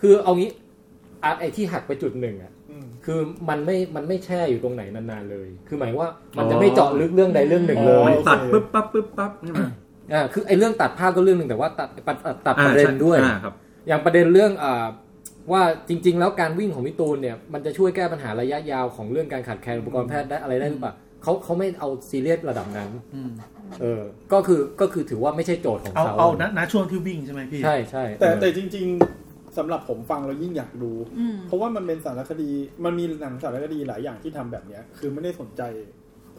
Speaker 3: คือเอางี้อาร์ตไอที่หักไปจุดหนึ่งอะ
Speaker 6: อืม
Speaker 3: คือมันไม่มันไม่แช่อยู่ตรงไหนนานๆเลย คือหมายว่ามัน
Speaker 4: อ๋อ
Speaker 3: จะไม่เจาะลึกเรื่องใดเรื่องหนึ่งเล
Speaker 6: อ๋อ
Speaker 4: มั
Speaker 3: ย
Speaker 4: นตัดปึ๊บปั๊บปึ๊บปั๊บใช่ไหม
Speaker 3: อ่าคือไอเรื่องตัดภาพก็เรื่องหนึ่งแต่ว่าตัดตัดตัด
Speaker 4: อ่า
Speaker 3: ประเด็น
Speaker 4: ใช่
Speaker 3: ด้วย
Speaker 4: อ่าครับ
Speaker 3: อย่างประเด็นเรื่องอ่าว่าจริง ๆ แล้วการวิ่งของพี่ตูนเนี่ยมันจะช่วยแก้ปัญหาระยะยาวของเรื่องการขาดแคลนอุปกรณ์แพทย์ได้อะไรได้หรือเปล่าเขาเขาไม่เอาซีเรียสระดับนั้น
Speaker 2: อืม
Speaker 3: เออ ก็คือก็คือถือว่าไม่ใช่โจทย์ของ
Speaker 2: เอา
Speaker 3: เขา
Speaker 2: เอาณณช่วงที่วิ่งใช่ไหมพี่
Speaker 3: ใช่ใช่
Speaker 6: แต่
Speaker 3: เออ
Speaker 6: แต่จริง ๆสำหรับผมฟังเรายิ่งอยากดู
Speaker 5: อืม
Speaker 6: เพราะว่ามันเป็นสารคดี มันมีหนังสารคดีหลายอย่างที่ทำแบบเนี้ย คือไม่ได้สนใจ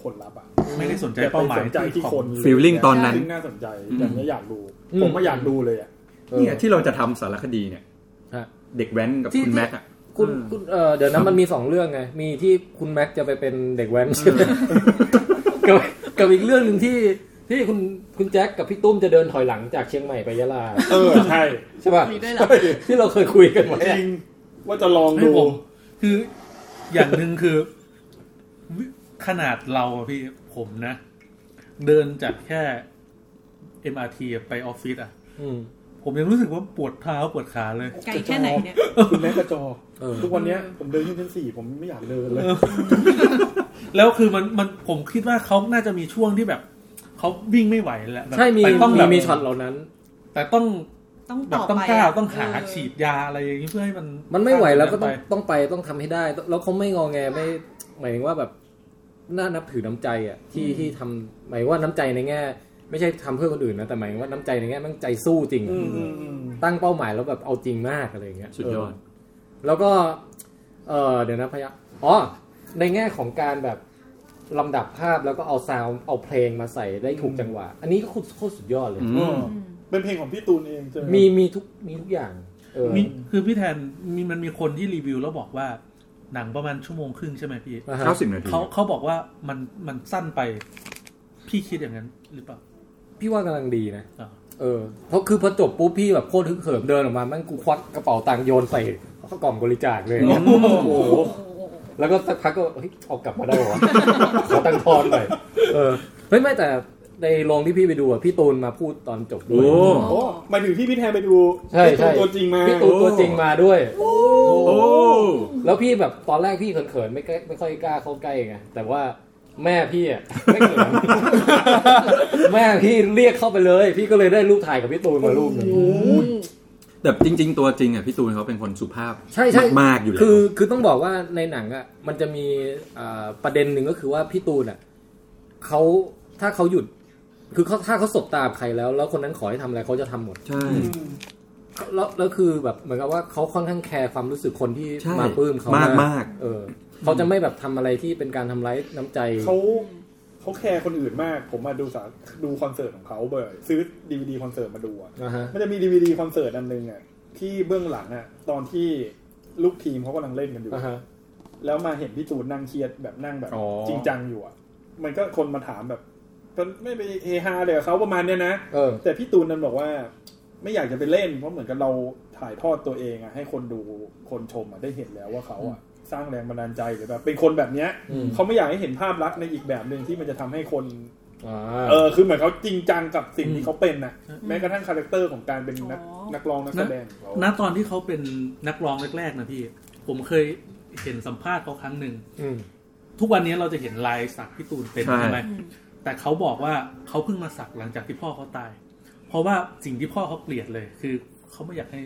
Speaker 6: ผลลัพธ์อ่ะ
Speaker 2: ไม่ได้สนใจ
Speaker 6: แต่ไป
Speaker 2: เป้าหมาย
Speaker 6: สนใจที่
Speaker 2: ของ
Speaker 6: คนเลย
Speaker 4: feeling ตอนนั้น
Speaker 6: ซึ่งน่าสนใจอย่างนี้ยอยากดู
Speaker 3: อืม
Speaker 6: ผมก็อยากดูเลยอ่ะ
Speaker 3: เออ
Speaker 4: เนี่ยที่เราจะทำสารคดีเนี่ย
Speaker 3: ฮะ
Speaker 4: เด็กแว้นกับ
Speaker 3: ที่
Speaker 4: คุณแม็กอะ
Speaker 3: คุณ
Speaker 4: อืม
Speaker 3: คุณเออเดี๋ยวนะมันมีสองเรื่องไง มีที่คุณแม็กซ์จะไปเป็นเด็กแว้นใช่ไหมกับกับอีกเรื่องหนึ่งที่ที่คุณคุณแจ็คกับพี่ตุ้มจะเดินถอยหลังจากเชียงใหม่ไปยะลา
Speaker 6: เออใช่
Speaker 3: ใช่ป่ะ
Speaker 7: มีด้วยเหรอ
Speaker 3: ที่เราเคยคุยกันไว้
Speaker 6: จ
Speaker 3: อะ
Speaker 6: ริงว่าจะลอง
Speaker 2: ให้
Speaker 6: ดู
Speaker 2: ผมคืออย่างหนึ่งคือวิขนาดเราอะพี่ผมนะ เดินจากแค่ MRT ไปออฟฟิศอ่ะ
Speaker 3: อืม
Speaker 2: ผมยังรู้สึกว่าปวดเท้าปวดขาเลย
Speaker 7: ไกลแค่ไหนเนี่ย
Speaker 6: คุณแม่กระจอก
Speaker 3: เออ
Speaker 6: ทุกวันเนี้ยผมเดินขึ้นชั้นสี่ผมไม่อยากเดินเลย
Speaker 2: แล้วคือมันมันผมคิดว่าเขาน่าจะมีช่วงที่แบบ เขาวิ่งไม่ไหวแล้วแบบ
Speaker 3: ใช่มี
Speaker 2: แต่ต้อง
Speaker 3: มี
Speaker 2: แบบ
Speaker 3: มีช็อตเหล่านั้น
Speaker 2: แต่ต้อง
Speaker 7: ต้อง
Speaker 2: แบ
Speaker 7: ต่
Speaker 2: บ
Speaker 7: อ
Speaker 2: ต้อง
Speaker 7: ไป
Speaker 2: ก้าวต้องหา
Speaker 7: เ
Speaker 2: ฉีดยาอะไรอย่างนี้เพื่อให้มัน
Speaker 3: มันไม่ไหวแล้วก็ต้อง
Speaker 2: ไป
Speaker 3: ต้องไปต้องทำให้ได้ แล้วเขาไม่งอแงไม่หมายถึงว่าแบบน่านับถือน้ำใจอ่ะที่ที่ทำหมายว่าน้ำใจในแง่ ไม่ใช่ทำเพื่อคนอื่นนะแต่หมายถึงว่าน้ำใจในแง่มันใจสู้จริงอะตั้งเป้าหมายแล้วแบบเอาจริงมากอะไรอย่างเงี้ย
Speaker 4: สุดยอด
Speaker 3: เแล้วก็เออเดี๋ยวนะพยักอ๋อในแง่ของการแบบลำดับภาพแล้วก็เอาซาวด์เอาเพลงมาใส่ได้ถูกจังหวะ อันนี้ก็โคตรสุดยอดเลย
Speaker 4: อืม
Speaker 6: เออเป็นเพลงของพี่ตูนเองใช่ไหม
Speaker 3: มีมีทุกมีทุกอย่างเออ
Speaker 2: มีคือพี่แทนมีมันมีคนที่รีวิวแล้วบอกว่าหนังประมาณชั่วโมงครึ่งใช่ไหมพี่
Speaker 3: อ่าฮะ
Speaker 4: เก้าสิบนาที
Speaker 2: เขาเขาบอกว่ามันมันสั้นไป พี่คิดอย่างนั้นหรือเปล่า
Speaker 3: พี่ว่ากำลังดีนะ
Speaker 2: อ่า
Speaker 3: เออ เพราะคือพอจบปุ๊บพี่แบบโคตรฮึกเหิมเดินออกมาแม่งกูควักกระเป๋าตังค์โยนใส่เข้ากล่องบริจาคเลย
Speaker 6: โอ้โห
Speaker 3: แล้วก็สักพักก็เฮ้ยเอากลับมาได้เหรอ วะ ขอตังค์ทอนหน่อยเออเฮ้ยไม่แต่ในโรงที่พี่ไปดูอ่ะพี่ตูนมาพูดตอนจบด้ว
Speaker 4: โอ้
Speaker 3: ย
Speaker 6: โอ้หมายถึงที่พี่แทนไปดู
Speaker 3: ใช่
Speaker 6: พี่ตู
Speaker 3: ใช่
Speaker 6: นตัวจริงมา
Speaker 3: พี่ตูนตัวจริงมาด้วย
Speaker 4: โอ้
Speaker 3: แล้วพี่แบบตอนแรกพี่เขินๆไม่ใกล้ไม่ค่อยกล้าเข้าใกล้ไงแต่ว่าแม่พี่อ่ะ ไม่เขิ น แม่พี่เรียกเข้าไปเลย พี่ก็เลยได้รูปถ่ายกับพี่ตูนมารูปหนึง
Speaker 4: แต่จริง ๆ ตัวจริงอ่ะพี่ตูนเขาเป็นคนสุภาพ
Speaker 3: ใช่ใช่
Speaker 4: มากๆอยู่แล้ว
Speaker 3: คือคือต้องบอกว่าในหนังอ่ะมันจะมีอ่าประเด็นหนึ่งก็คือว่าพี่ตูนอ่ะเขาถ้าเขาหยุด คือเขาถ้าเขาสบตากับใครแล้ว แล้วคนนั้นขอให้ทำอะไรเขาจะทำหมด
Speaker 4: ใช่
Speaker 3: แล้วแล้วคือแบบเหมือนกับว่าเขาค่อนข้างแคร์ความรู้สึกคนที่
Speaker 4: ใช่
Speaker 3: มาปลื้ม
Speaker 4: มาม
Speaker 3: เขาาก
Speaker 4: มาก
Speaker 3: เออเขาจะไม่แบบทำอะไรที่เป็นการทำร้ายน้ำใจ
Speaker 6: เขาเขาแคร์คนอื่นมาก ผมมาดูสารดูคอนเสิร์ตของเขาบ่อยซื้อดีวดีคอนเสิร์ตมาดูอะ
Speaker 3: อ่าฮะ
Speaker 6: มันจะมีดีวดีคอนเสิร์ตอันหนึงอ่ะที่เบื้องหลังอ่ะ ตอนที่ลูกทีมเขากำลังเล่นกันอยู่
Speaker 3: อ่าฮะ
Speaker 6: แล้วมาเห็นพี่ตูนนั่งเครียดแบบนั่งแบบ
Speaker 3: อ๋อ
Speaker 6: จริงจังอยู่อ่ะ มันก็คนมาถามแบบมันไม่ไปเฮฮาเลยกับเขาประมาณเนี้ยนะ
Speaker 3: เออ
Speaker 6: แต่พี่ตูนนั้นบอกว่า ไม่อยากจะไปเล่น เพราะเหมือนกับเราถ่ายทอดตัวเองอะให้คนดูคนชมอะได้เห็นแล้วว่าเขาอะสร้างแรงบันดาลใจหรือแบบเป็นคนแบบเนี้ย
Speaker 3: อืม
Speaker 6: เขาไม่อยากให้เห็นภาพลักษณ์ในอีกแบบหนึ่งที่มันจะทำให้คน
Speaker 3: อ่า
Speaker 6: เออคือเหมือนเขาจริงจังกับสิ่งที่เขาเป็นนะ
Speaker 2: อืม
Speaker 6: แม้กระทั่งคาแรคเตอร์ของการเป็นนัก
Speaker 7: อ๋อ
Speaker 6: นักร้องนักแสดงของเรา
Speaker 2: ณตอนที่เขาเป็นนักร้องแรกๆนะพี่ ผมเคยเห็นสัมภาษณ์เขาครั้งหนึ่ง
Speaker 3: อืม
Speaker 2: ทุกวันนี้เราจะเห็นลายสักพี่ตูนเต็ม
Speaker 4: ใช่
Speaker 2: ใช่ไหมแต่เขาบอกว่าเขาเพิ่งมาสักหลังจากที่พ่อเขาตาย เพราะว่าสิ่งที่พ่อเขาเกลียดเลย คือเขาไม่อยากให้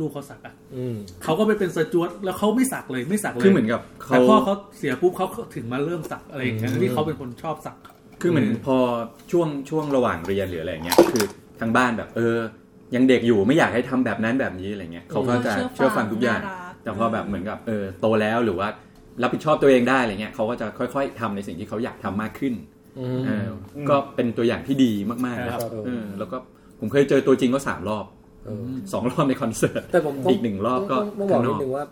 Speaker 2: ลูกเขาสักอะ
Speaker 3: อืม
Speaker 2: เขาก็ไปเป็นสจวตแล้วเขาไม่สักเลยไม่สักเลย
Speaker 4: คือเหมือนกับเขา
Speaker 2: แต่พ่อเขาเสียปุ๊บเขาถึงมาเริ่มสักอะไรอย่างเงี้ยที่เขาเป็นคนชอบสัก
Speaker 4: คือเหมือนพอช่วงช่วงระหว่างเรียนหรืออะไรอย่างเงี้ย คือทางบ้านแบบ เออ ยังเด็กอยู่ไม่อยากให้ทำแบบนั้นแบบนี้อะไรเงี้ยเขาก็จะ
Speaker 7: เชื่
Speaker 4: เชื่
Speaker 7: อ
Speaker 4: อ
Speaker 7: ฟั
Speaker 4: ฟั
Speaker 7: ง
Speaker 4: งทุกอย่าง
Speaker 7: น่ารัก
Speaker 4: แต่พอแบบเหมือนกับเออโตแล้วหรือว่ารับผิดชอบตัวเองได้อะไรเงี้ยเขาก็จะค่อย ๆทำในสิ่งที่เขาอยากทำมากขึ้น
Speaker 3: อืม
Speaker 4: เออก็เป็นตัวอย่างที่ดีมาก
Speaker 2: ค
Speaker 4: ๆ
Speaker 2: รั
Speaker 4: นะ
Speaker 2: บ
Speaker 4: เออแล้วก็ผมเคยเจอตัวจริงก็สามรอบ
Speaker 3: เออ
Speaker 4: สองรอบในคอนเสิร์ต
Speaker 3: แต่ผมต้
Speaker 4: อีกหนึ่งรอบก็
Speaker 3: ต้องต้องบอก
Speaker 4: ข้างน
Speaker 3: นิ
Speaker 4: อ
Speaker 3: ด
Speaker 4: ก
Speaker 3: นึงว่า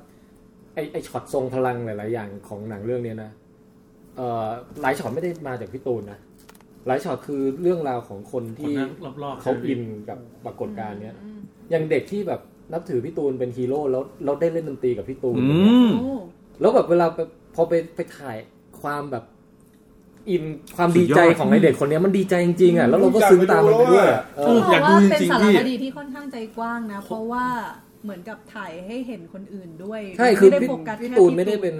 Speaker 3: ไอไอช็อตทรงพลังหลาย ๆ อย่างของหนังเรื่องเนี้ยนะเอ่อหลายช็อตไม่ได้มาจากพี่ตูนนะหลายช็อตคือเรื่องราวของคน
Speaker 2: คน
Speaker 3: ที่
Speaker 2: นั้นรอบๆ
Speaker 3: เขาอินกับปรากฏการณ์เนี้ยอย่างเด็กที่แบบนับถือพี่ตูนเป็นฮีโร่แล้วเราได้เล่นดนตรีกับพี่ตูน
Speaker 4: อืม
Speaker 7: โอ้
Speaker 3: แล้วแบบเวลาไปพอไปไปถ่ายความแบบอินความดีใจ
Speaker 4: สุดยอด
Speaker 3: ของไอเด็กคนเนี้ยมันดีใจจริงๆอ่ะแล้วเราก็ซึ้งตามมันไปด้วยอะเอ
Speaker 2: เอ
Speaker 3: อ
Speaker 2: ออยากดูจ
Speaker 7: เป็น
Speaker 2: ริง
Speaker 7: สาร
Speaker 2: ๆพี่
Speaker 7: คดีที่ค่อนข้างใจกว้างนะ เพราะว่าเหมือนกับถ่ายให้เห็นคนอื่นด้วย
Speaker 3: ใช่คือ
Speaker 7: ไม่ได้
Speaker 3: พี่
Speaker 7: โฟกัส
Speaker 3: พี่
Speaker 7: แค่
Speaker 3: ตูนไม่ได้เป็น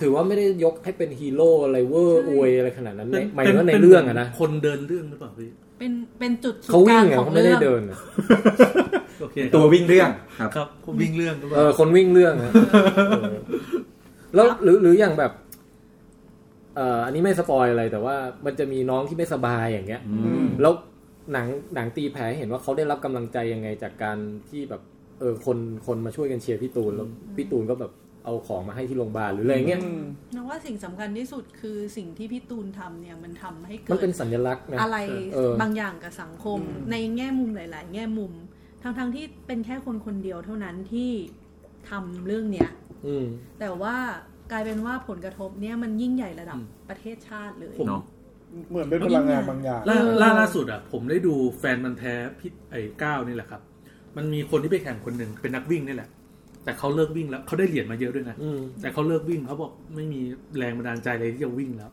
Speaker 3: ถือว่าไม่ได้ยกให้เป็นฮีโร่อะไรเวอร์อวยอะไรขนาดนั้นในหมายถึงว่าในเรื่องอะนะ
Speaker 2: คนเดินเรื่องหรือเปล่าพี่
Speaker 7: เป็นเป็นจุด
Speaker 3: เขาวิ่ง
Speaker 7: ศูนย์กล
Speaker 3: อ่ะ
Speaker 7: ขอ
Speaker 3: เขาไม่
Speaker 7: รื่
Speaker 3: ได้
Speaker 7: อง
Speaker 3: เดินอะ
Speaker 2: โอเค
Speaker 4: ตัววิ่งเรื่องครับ
Speaker 2: ครับผมวิ่งเรื่องหรือเป
Speaker 3: เอ
Speaker 2: ล่า
Speaker 3: อคนวิ่งเรื่องอะเออแล้วหรือหรืออย่างแบบเอ่ออันนี้ไม่สปอยอะไรแต่ว่ามันจะมีน้องที่ไม่สบายอย่างเงี้ย แล้วหนังหนังตีแผลให้เห็นว่าเขาได้รับกำลังใจยังไงจากการที่แบบ เออคนคนมาช่วยกันเชียร์พี่ตูนแล้วพี่ตูนก็แบบเอาของมาให้ที่โรงพยาบาลหรืออะไรเงี้ย
Speaker 6: อืม
Speaker 7: นึกว่าสิ่งสำคัญที่สุดคือสิ่งที่พี่ตูนทำเนี่ยมันทำให้เกิ
Speaker 3: มัน
Speaker 7: ด
Speaker 3: เป็นสัญลักษณ์นะ
Speaker 7: อะไร
Speaker 3: เออ
Speaker 7: บางอย่างกับสังคม ในแง่มุมหลาย ๆ แง่มุมทั้งๆที่เป็นแค่คนคนเดียวเท่านั้นที่
Speaker 5: ทำเรื่องเนี้ย
Speaker 3: อืม
Speaker 5: แต่ว่ากลายเป็นว่าผลกระทบเนี้ยมันยิ่งใหญ่ระดับ
Speaker 3: อืม
Speaker 5: ประเทศชาติเลย
Speaker 4: เนาะ
Speaker 6: เหมือนเป็นพลังงานบางอย่าง
Speaker 2: ล่าล่าล่าสุดอ่ะผมได้ดูแฟนมันธุ์แท้พี่ไอ้ก้าวนี่แหละครับ มันมีคนที่ไปแข่งคนหนึ่งเป็นนักวิ่งนี่แหละ แต่เขาเลิกวิ่งแล้วเขาได้เหรียญมาเยอะด้วยนะ
Speaker 3: อืม
Speaker 2: แต่เขาเลิกวิ่งเขาบอกไม่มีแรงบันดาลใจเลยที่จะวิ่งแล้ว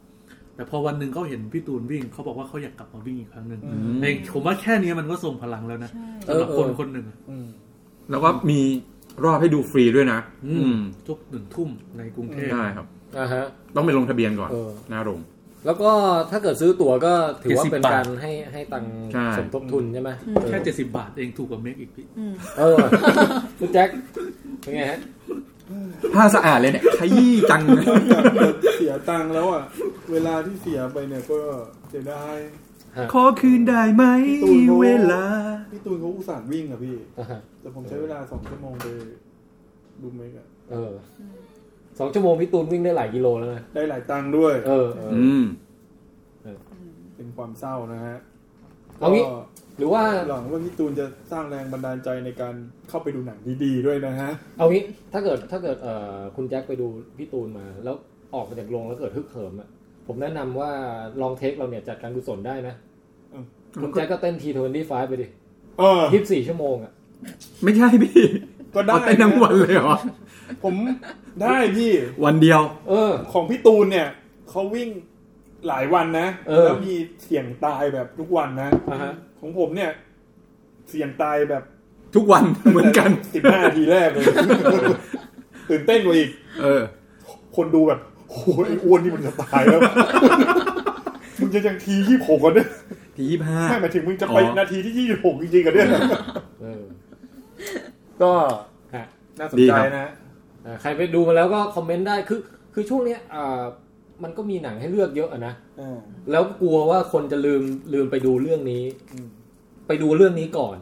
Speaker 2: แต่พอวันหนึ่งเขาเห็นพี่ตูนวิ่งเขาบอกว่าเขาอยากกลับมาวิ่งอีกครั้งหนึ่ง
Speaker 6: อื
Speaker 4: ม
Speaker 2: ในผมว่าแค่เนี้ยมันก็ส่งพลังแล้วนะ
Speaker 5: ใช่
Speaker 3: เอ
Speaker 2: สำห
Speaker 3: อ
Speaker 2: รับ
Speaker 3: เอ
Speaker 2: คน
Speaker 3: อ
Speaker 2: คนหนึ่งอะ
Speaker 6: อืม
Speaker 4: แล้วก็มีรอบให้ดูฟรีด้วยนะ
Speaker 2: อืม
Speaker 4: อืม
Speaker 2: ทุกหนึ่งทุ่มในกรุงเทพ
Speaker 4: ได้ครับ
Speaker 3: อ่าฮะ
Speaker 4: ต้องไปลงทะเบียนก่อน
Speaker 3: เออ
Speaker 4: หน้าโรง
Speaker 3: แล้วก็ถ้าเกิดซื้อตั๋วก็ถือว่า
Speaker 2: 70
Speaker 3: เป็นการให้ให้ตังค์
Speaker 4: ใช่
Speaker 3: สมทบทุนใช่ไหม
Speaker 5: อืม
Speaker 3: เออ
Speaker 2: แค่เจ็ดสิบาทเองถูกกว่าเมกอีกพี่
Speaker 5: อืม
Speaker 3: เออคุณแจ็คเป็นไงฮะ
Speaker 4: ผ้าสะอาดเลยเนี่ยขยี้จัง
Speaker 6: เสียตังค์แล้วอ่ะ เวลาที่เสียไปเนี่ยก็เสียดาย
Speaker 4: ขอคืนได้ไหม
Speaker 6: ตูนโง่
Speaker 4: เวลา
Speaker 6: พี่ตูนเขาอุตส่าห์วิ่งอ่ะพี่
Speaker 3: อ่าฮะ
Speaker 6: แต่ผมใช้เวลาสองชั่วโมงไปดูเมกอะ
Speaker 3: เออสองชั่วโมงพี่ตูนวิ่งได้หลายกิโลแล้วนะ
Speaker 6: ได้หลายตังค์ด้วย
Speaker 3: เออเออ
Speaker 4: อืม
Speaker 6: เป็นความเศร้านะฮะ
Speaker 3: เอางี้
Speaker 6: ก็
Speaker 3: หรือว่า
Speaker 6: หลังว่าพี่ตูนจะสร้างแรงบันดาลใจในการเข้าไปดูหนังดีๆด้วยนะฮะ
Speaker 3: เอางี้ถ้าเกิดถ้าเกิดเอ่อคุณแจ็คไปดูพี่ตูนมา แล้วออกมาจากโรงแล้วเกิดฮึกเหิมอ่ะผมแนะนำว่าลองเทคเราเนี่ยจัดการกุศลได้นะ
Speaker 6: อืม
Speaker 3: คุณแจ็คก็เต้นทีทเวนตี้ไฟไปดิ
Speaker 6: เออ
Speaker 3: ยี่สิบสี่ชั่วโมงอ่ะ
Speaker 4: ไม่ใช่พี่
Speaker 6: ก็ได้
Speaker 4: เอาไปทั้งวันเลยเหรอ
Speaker 6: ผมได้พี่
Speaker 4: วันเดียว
Speaker 3: เออ
Speaker 6: ของพี่ตูนเนี่ยเขาวิ่งหลายวันนะ
Speaker 3: เออ
Speaker 6: แล้วมีเสี่ยงตายแบบทุกวันนะ
Speaker 3: อ่ะฮะ
Speaker 6: ของผมเนี่ย เสี่ยงตายแบบ
Speaker 4: ทุกวันเหมือนกัน
Speaker 6: สิบห้าทีแรกเลย ตื่นเต้นกว่าอีก
Speaker 4: เออ
Speaker 6: คนดูแบบโอ้ยไอ้อ้วนนี่มันจะตายแล้ว มึงจะยังทียี่หกกันเนี่ย
Speaker 4: ทียี่ห้า
Speaker 6: ไม่หมายถึงมึงจะไป
Speaker 4: อ๋อ
Speaker 6: นาทีที่ยี่หกจริงๆกันเนี่ย
Speaker 3: เออ
Speaker 6: ก็
Speaker 3: ฮะ
Speaker 6: น่าสน
Speaker 4: ดี
Speaker 6: ใจ
Speaker 4: ครับ
Speaker 6: นะ
Speaker 3: อ่าใครไปดูมาแล้วก็คอมเมนต์ได้ คือคือช่วงเนี้ยอ่ามันก็มีหนังให้เลือกเยอะอะนะ แล้วกลัวว่าคนจะลืมลืมไปดูเรื่องนี้
Speaker 6: อืม
Speaker 3: ไปดูเรื่องนี้ก่อน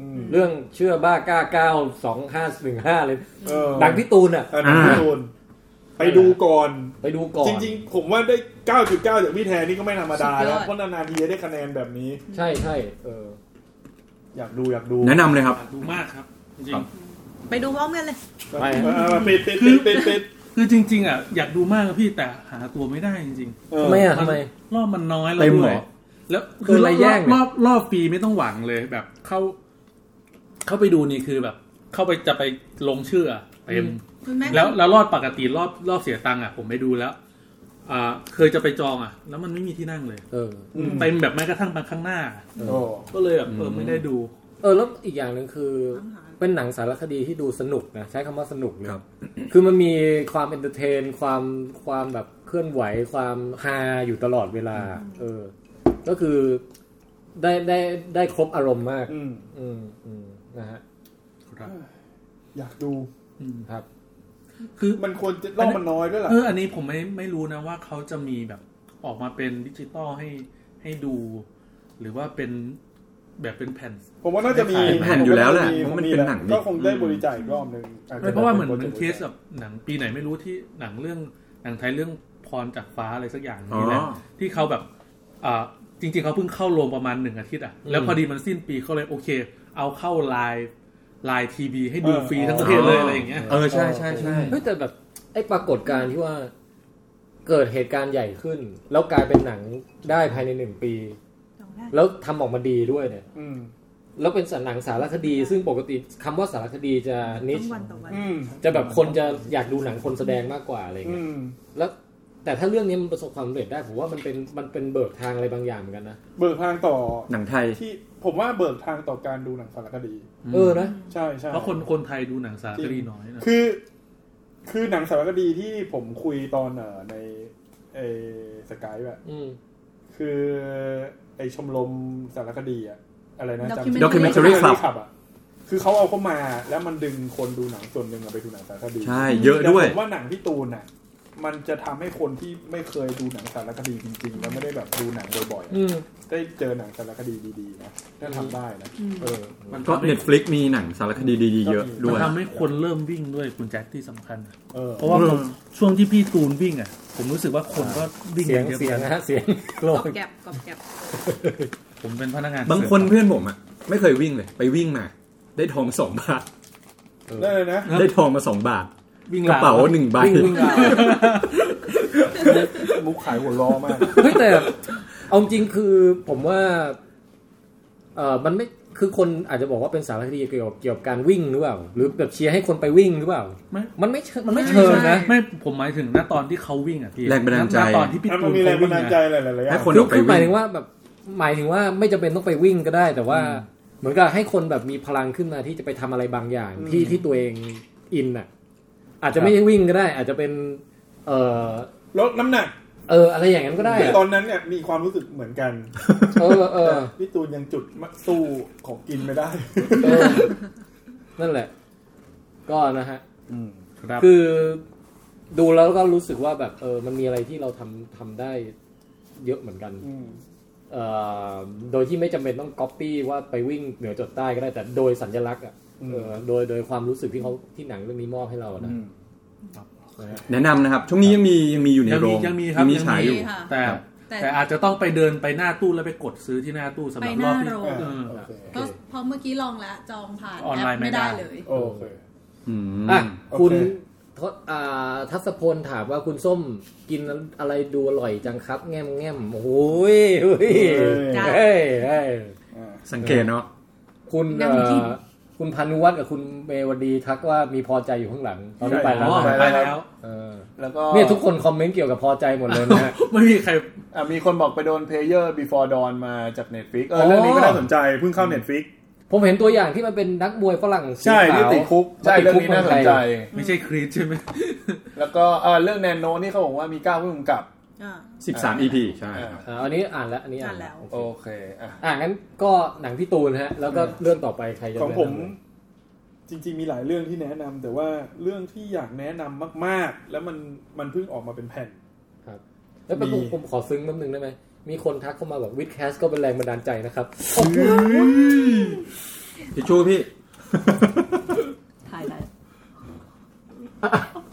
Speaker 6: อืม
Speaker 3: เรื่องเชื่อบ้าก้าเก้าสองห้าหนึ่งห้าเลย
Speaker 6: เออ
Speaker 3: หนังพี่ตูนอ่ะ
Speaker 6: เออหนังพี่ตูนไปดูก่อน
Speaker 3: ไปดูก่อน
Speaker 6: จริงๆ ผมว่าได้ 9.9 จากพี่แทนนี่ก็ไม่ธรรมดา
Speaker 5: สุดยอ
Speaker 6: นะ
Speaker 5: ด
Speaker 6: เพราะนานๆทีจะได้คะแนนแบบนี้
Speaker 3: ใช่ใช่เออ
Speaker 6: อยากดูอยากดู
Speaker 4: แนะนำเลยครับ
Speaker 2: ดูมากครับจริ
Speaker 4: ครั
Speaker 2: ง
Speaker 4: บ
Speaker 5: ไปดูพร้อมกันเลย
Speaker 3: ไป
Speaker 6: เออปิดปิดปิดปิดปิด
Speaker 2: ๆคือจริง ๆอ่ะอยากดูมากอะพี่แต่หาตัวไม่ได้จริง
Speaker 6: เอ
Speaker 3: ทำ
Speaker 6: อ
Speaker 3: ไมอ่ะทำไม
Speaker 2: ๆรอบมันน้อยแล้ว
Speaker 4: เต็ม
Speaker 2: ด้
Speaker 4: เห
Speaker 2: ว
Speaker 4: ร
Speaker 2: ย
Speaker 4: อ
Speaker 2: แล้ว
Speaker 3: คืออะไรแย่ง
Speaker 2: ร
Speaker 3: เนี่ย
Speaker 2: อบรอบฟรีไม่ต้องหวังเลยแบบเข้า เข้าไปดูนี่คือแบบ เข้าไปจะไปลงชื่ออะเต็ม
Speaker 5: คุณแม่
Speaker 2: แล้วแล้วรอบปกติรอบรอบเสียตังค์อ่ะผมไปดูแล้ว อ่าเคยจะไปจองอ่ะ แล้วมันไม่มีที่นั่งเลย
Speaker 3: เออ
Speaker 6: อืม
Speaker 2: เต็มแบบแม้กระทั่งบางข้างหน้า
Speaker 6: โอ้
Speaker 2: ก็เลยแบบเออไม่ได้ดู
Speaker 3: เออ แล้วอีกอย่างหนึ่งคือ
Speaker 5: ถามหา
Speaker 3: เป็นหนังสารคดีที่ดูสนุกนะ ใช้คำว่าสนุกเลย
Speaker 4: ครับ
Speaker 3: คือมันมีความเอนเตอร์เทน ความความแบบเคลื่อนไหว ความฮาอยู่ตลอดเวลา เออ ก็คือได้ได้ได้ครบอารมณ์มาก
Speaker 6: อืม
Speaker 3: อืมอืมนะฮะ
Speaker 2: ครับ
Speaker 6: อยากดู
Speaker 2: อืม
Speaker 3: ครับ
Speaker 2: คือ
Speaker 6: มันควรจะรอบมันน้อยด้วยล่ะ
Speaker 2: เอออันนี้ผมไม่ไม่รู้นะว่าเขาจะมีแบบออกมาเป็นดิจิตอลให้ให้ดู หรือว่าเป็นแบบเป็นแผ่น
Speaker 6: ผมว่าน่าจะมี
Speaker 2: ไม่ขาย
Speaker 4: แผ่นอยู่แล้วแหละ
Speaker 6: ผ
Speaker 4: เพราะมัน
Speaker 6: ว่า
Speaker 4: เป็นหนังนี่
Speaker 6: ก็คงได้บริจาคอีกรอบหนึงอจจ
Speaker 2: ไม่เพราะว่าเหมือน
Speaker 6: ป็
Speaker 2: เหมือนเค
Speaker 6: โปรจกต์
Speaker 2: สแบบหนังปีไหนไม่รู้ที่หนังเรื่องหนังไทยเรื่องพรจากฟ้าอะไรสักอย่าง
Speaker 4: อ๋อ
Speaker 2: นี่แหละที่เขาแบบอ่าจริง ๆเขาเพิ่งเข้าโรงประมาณหนึ่งอาทิตย์อ่ะแล้วพอดีมันสิ้นปีเขาเลยโอเค เอาเข้าไลน์ไลน์ทีวีให้ดูฟรีทั้งประเทศเลยอะไรอย่างเงี้ย
Speaker 4: เออใช่ใช่ใช่
Speaker 3: เฮ้ยแต่แบบไอ้ปรากฏการณ์ที่ว่าเกิดเหตุการณ์ใหญ่ขึ้น แล้วกลายเป็นหนังได้ภายในหนึ่งปี
Speaker 5: ลองได้
Speaker 3: แล้วทำออกมาดีด้วยเนี่ย
Speaker 6: อืม
Speaker 3: แล้วเป็นหนังสารคดี ซึ่งปกติคำว่าสารคดีจะนิช
Speaker 5: ต้องวันต่อวัน
Speaker 6: อืม
Speaker 3: จะแบบคนจะอยากดูหนังคนแสดงมากกว่าอะไร
Speaker 6: อื
Speaker 3: เงี้ย
Speaker 6: ม
Speaker 3: แล้วแต่ถ้าเรื่องนี้มันประสบความสำเร็จได้ผมว่ามันเป็นมันเป็นเบิกทางอะไรบางอย่างเหมือนกันนะ
Speaker 6: เบิกทางต่อ
Speaker 4: หนังไทย
Speaker 6: ที่ผมว่าเบิกทางต่อการดูหนังสารคดี
Speaker 3: เออนะ
Speaker 6: ใช่ใช่
Speaker 2: เพราะคนคนไทยดูหนังสารคดีน้อยนะ
Speaker 6: คือ คือหนังสารคดีที่ผมคุยตอนเอ่อในเอสกายแบบ
Speaker 3: อืม
Speaker 6: คือไอชมรมสารคดีอะอะไรนะจำ
Speaker 4: Documentary Club
Speaker 6: ขับอะคือเขาเอาเข้ามาแล้วมันดึงคนดูหนังส่วนหนึ่งอะไปดูหนังสารคดี
Speaker 4: ใช่ เยอะด้วย
Speaker 6: แต่ผมว่าหนังพี่ตูนน่ะ มันจะทำให้คนที่ไม่เคยดูหนังสารคดีจริงๆ แล้วไม่ได้แบบดูหนังบ่อยๆอะ
Speaker 3: อืม
Speaker 6: ได้เจอหนังสารคดีดีๆนะถ้าทำได้นะ
Speaker 3: เออ
Speaker 2: มัน
Speaker 4: ก็
Speaker 2: ทำให้
Speaker 4: Netflix มีหนังสารคดีดีๆเยอะ
Speaker 2: มั
Speaker 4: ด้
Speaker 2: น
Speaker 4: วย
Speaker 2: ทำให้คนเริ่มวิ่งด้วยคุณแจ็คที่สำคัญอะ
Speaker 6: เออ
Speaker 2: เพราะว่า
Speaker 4: เออ
Speaker 2: ผมช่วงที่พี่ตูนวิ่งอ่ะผมรู้สึกว่าคนก็วิ่ง
Speaker 3: เสียง
Speaker 2: อะ
Speaker 3: เสียง
Speaker 2: กัน
Speaker 3: นะฮะเสียงโล
Speaker 5: กรอก บแกรบกรอบแกรบ
Speaker 2: ผมเป็นพนักงาน
Speaker 4: บางคนเพื่อนผมอ่ะ ไม่เคยวิ่งเลย ไปวิ่งมา ได้ทองสองบาท
Speaker 6: ได้เลยนะ
Speaker 4: ได้ทองมาสองบาท
Speaker 2: วิ่งล
Speaker 4: กระเป๋าหนึ่งใบ
Speaker 3: วิ่งวิ่งเอา
Speaker 6: มุกขายหัวล้อมาก
Speaker 3: เฮ้ยแต่เอาจริงคือผมว่าเออมันไม่คือคนอาจจะบอกว่าเป็นสารคดีเกี่ยวกับเกี่ยวกับการวิ่งหรือเปล่า หรือแบบเชียร์ให้คนไปวิ่งหรือเปล่า
Speaker 2: ไม่
Speaker 3: มันไม่เชิงมันไม่เชิงนะ
Speaker 2: ไม่ผมหมายถึงณตอนที่เขาวิ่งอ่ะพี่
Speaker 4: แรงบันดาลใจ
Speaker 2: ณตอนที่พี่
Speaker 6: มัน
Speaker 2: ตูน
Speaker 6: มีแร
Speaker 2: เขา
Speaker 6: งบั
Speaker 2: วิ่
Speaker 6: น
Speaker 2: ง
Speaker 6: ดาลใจ
Speaker 2: อะ
Speaker 6: หลายๆอย่า
Speaker 4: ให้
Speaker 6: ง
Speaker 4: คน
Speaker 3: คือ
Speaker 4: ออกไป
Speaker 3: คือหมาย
Speaker 4: วิ่
Speaker 3: ถึ
Speaker 4: ง
Speaker 3: งว่าแบบหมายถึงว่าไม่จำเป็นต้องไปวิ่งก็ได้ แต่ว่าเหมือนกับให้คนแบบมีพลังขึ้นมาที่จะไปทำอะไรบางอย่างที่ที่ตัวเองอินอ่ะ อาจจะไม่ใช่วิ่งก็ได้ อาจจะเป็น เออ
Speaker 6: ลดน้ำหนัก
Speaker 3: เอออะไรอย่างนั้นก็ได้อะ
Speaker 6: ตอนนั้นเนี่ยมีความรู้สึกเหมือนกัน
Speaker 3: เออเออ
Speaker 6: แต่พี่ตูนยังจุดมะสู้ของกินไม่ได้
Speaker 3: เออนั่นแหละ ก็นะฮะ
Speaker 2: ครับ
Speaker 3: คือดูแล้วก็รู้สึกว่าแบบ เออ มันมีอะไรที่เราทำทำได้เยอะเหมือนกัน
Speaker 6: อืม
Speaker 3: เอ่อโดยที่ไม่จำเป็นต้องก๊อปปี้ว่าไปวิ่งเหนือจดใต้ก็ได้แต่โดยสัญลักษณ์อ่ะเออโดยโดยความรู้สึกที่เขาที่หนังเรื่องนี้มอบให้เรานะ
Speaker 4: แนะนำนะครับ ช่วงนี้ยังมียังมีอยู่ใน
Speaker 2: ยัง
Speaker 4: โร
Speaker 2: มี
Speaker 4: ง
Speaker 2: ยังมีครับ
Speaker 4: มี
Speaker 2: ยัง
Speaker 4: ฉายอยู่
Speaker 2: มี
Speaker 5: ค่ะ
Speaker 2: แต่
Speaker 5: แต่
Speaker 2: แต่อาจจะต้องไปเดินไปหน้าตู้แล้วไปกดซื้อที่หน้าตู้สำห
Speaker 5: ไป
Speaker 2: รับ
Speaker 5: ห
Speaker 2: รอบ
Speaker 5: น้า
Speaker 2: ที่
Speaker 5: โรง
Speaker 2: เออ
Speaker 6: โอเค
Speaker 5: เพราะเพราะเมื่อกี้ลองแล้วจองผ่าน
Speaker 2: ออนไลน์
Speaker 5: แป
Speaker 2: ไม่
Speaker 5: ไม่
Speaker 2: ได้
Speaker 5: ได้เลย
Speaker 6: โอเค
Speaker 4: อืม
Speaker 3: อ่ะ
Speaker 6: โอเค
Speaker 3: คุณทศอ่าทัศพลถามว่าคุณส้มกินอะไรดูอร่อยจังครับ แง่มแง่มโอ้โหยเฮ้ย
Speaker 5: จ้ะ
Speaker 3: เฮ้ยเฮ้ย
Speaker 6: อ่า
Speaker 4: สังเกตเนาะ
Speaker 3: คุณ
Speaker 5: นั่งกิน
Speaker 3: เอ่อคุณพานุวัฒน์กับคุณเมวดีทักว่ามีพอใจอยู่ข้างหลังตอนนี้ไปแล้ว
Speaker 2: อ๋อ
Speaker 3: นะ
Speaker 2: ไปแล้ว
Speaker 3: เออ
Speaker 6: แล้วก็
Speaker 3: เนี่ยทุกคนคอมเมนต์เกี่ยวกับพอใจหมดเลยนะฮะ
Speaker 2: ไม่มีใคร
Speaker 6: อ่ะมีคนบอกไปโดน Player Before Dawn มาจาก Netflix เออเรื่องนี้ก็น่าสนใจเพิ่งเข้า Netflix
Speaker 3: ผมเห็นตัวอย่างที่มันเป็นนักมวยฝรั่งสี
Speaker 6: ใช่
Speaker 3: ขาว
Speaker 6: ที่ติดคุกใช่เรื่องนี้น่าสนใจ
Speaker 2: ไม่ใช่ครีดใช่ไหม
Speaker 6: แล้วก็เอ่อเรื่องแนนโนนี่เขาบอกว่ามีเก้าผู้กำกับ
Speaker 5: อ่า
Speaker 4: สิบสาม EP ใช่
Speaker 6: อ่า
Speaker 4: ครับ
Speaker 3: อ่าอันนี้อ่านแล้วอันนี้อ่านแล้ว
Speaker 5: อ่านแล้ว
Speaker 6: โอเคอ่ะ
Speaker 3: อ่างั้นก็หนังพี่ตูนฮะ แล้วก็เรื่องต่อไปใครจะ
Speaker 6: ของผม
Speaker 3: แนะน
Speaker 6: จริงๆมีหลายเรื่องที่แนะนำแต่ว่าเรื่องที่อยากแนะนำมากๆ แล้วมันมันเพิ่งออกมาเป็นแผ่น
Speaker 3: ำครับ แล้วประตู
Speaker 6: มี
Speaker 3: ผมขอซึ้งนิดนึงได้ไหม มีคนทักเข้ามาบอกวิดแคสก็เป็นแรงบันดาลใจนะครับ
Speaker 4: ทิชชู่พี่
Speaker 5: ถ่ายแล้ว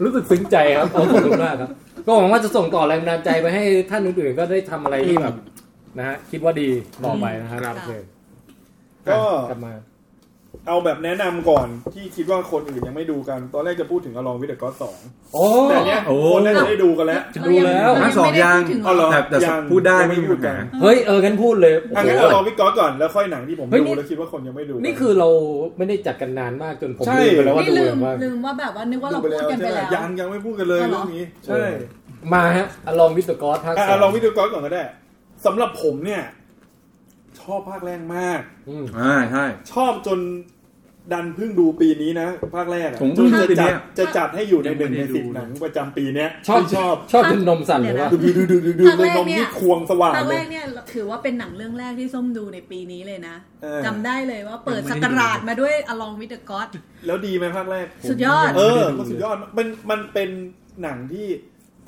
Speaker 3: รู้สึกซึ้งใจครับขอบคุณมากครับ ก็หวังว่าจะส่งต่อแรงบันดาลใจไปให้ท่านอื่นๆก็ได้ทำอะไรที่แบบนะฮะคิดว่าดีต่อไปนะครับ
Speaker 2: ครับ
Speaker 3: โอเค
Speaker 6: ก็
Speaker 3: กลับมา
Speaker 6: เอาแบบแนะนำก่อนที่คิดว่าคนอื่นยังไม่ดูกัน ตอนแรกจะพูดถึงอลองวิดเดอร์ก็สอง
Speaker 3: โอ้
Speaker 6: แต่เนี้ย
Speaker 4: โอ้
Speaker 6: คนน่าจะได้ดูกันแล้ว
Speaker 3: ดูแล้ว
Speaker 5: เรา
Speaker 4: ทั้งสอง
Speaker 5: ไม่
Speaker 4: อ
Speaker 5: ได้
Speaker 4: ย่าง
Speaker 5: พูดถึ
Speaker 6: เอาเหรอ
Speaker 4: แต่แต่
Speaker 6: ยัง
Speaker 4: พูดได้ไม่มีปัญหา
Speaker 3: เฮ้ยเอองั้นพูดเลยโอ้
Speaker 6: อั
Speaker 3: โห
Speaker 6: งั้นเอาลองวิดก็ก่อนแล้วค่อยหนังที่ผม
Speaker 3: เฮ้ย
Speaker 6: ดู
Speaker 3: นี่
Speaker 6: แล้วคิดว่าคนยังไม่ดู
Speaker 3: นี่คือเราไม่ได้จัดกันนานมากจนผม
Speaker 6: ใช่
Speaker 3: ลืมไปแล้วว่า
Speaker 5: นี่
Speaker 3: ดู
Speaker 5: ลื
Speaker 3: อย่าม งว่าง
Speaker 5: ลืมว่าแบบว่านึกว่าเรา
Speaker 6: ดู
Speaker 5: พูดกันไป
Speaker 6: ใช่หม
Speaker 5: แล้ว
Speaker 6: ยังยังไม่พูดกันเลย
Speaker 5: เอาเหร
Speaker 6: เรื่
Speaker 5: อ
Speaker 6: องนี้ใช่
Speaker 3: มาฮะอลองวิสกอตภาค
Speaker 6: อ่ะ
Speaker 3: สอ
Speaker 6: เอา
Speaker 3: ง
Speaker 6: ลองวิดเดอร์ก็ก่อนก็ได้สำหรับผมเนี่ย ชอบภาคแรกมาก
Speaker 3: อืม
Speaker 4: อ่าใช่
Speaker 6: ชอบจนดันเพิ่งดูปีนี้นะ ภาคแรกอะ
Speaker 4: ผมเพิ่
Speaker 6: จะ
Speaker 4: งดูปีเนี้
Speaker 6: จัด
Speaker 4: ย
Speaker 6: จะจัดให้อยู่ในหนึ่งใน
Speaker 2: ยังไม่ได้ดู
Speaker 6: สิบหนังประจำปีเนี้ย
Speaker 3: ชอบ
Speaker 6: ที่ชอบ
Speaker 3: ชอบเป็นนมสั่นหรือว่า
Speaker 6: ดูดูดูดูดูดู
Speaker 5: ภาคแรก
Speaker 6: เลยนม
Speaker 5: เนี่ย
Speaker 6: นี่ควงสว่าง
Speaker 5: ครั้ง
Speaker 6: เล
Speaker 5: แร
Speaker 6: ย
Speaker 5: กเนี่ยถือว่าเป็นหนังเรื่องแรกที่ส้มดูในปีนี้เลยนะ
Speaker 6: เออ
Speaker 5: จำได้เลยว่าเปิดสักราชมาด้วย Along with the God
Speaker 6: แล้วดีไหมภาคแรก
Speaker 5: สุดยอด
Speaker 6: เออมันสุดยอดมันมันเป็นหนังที่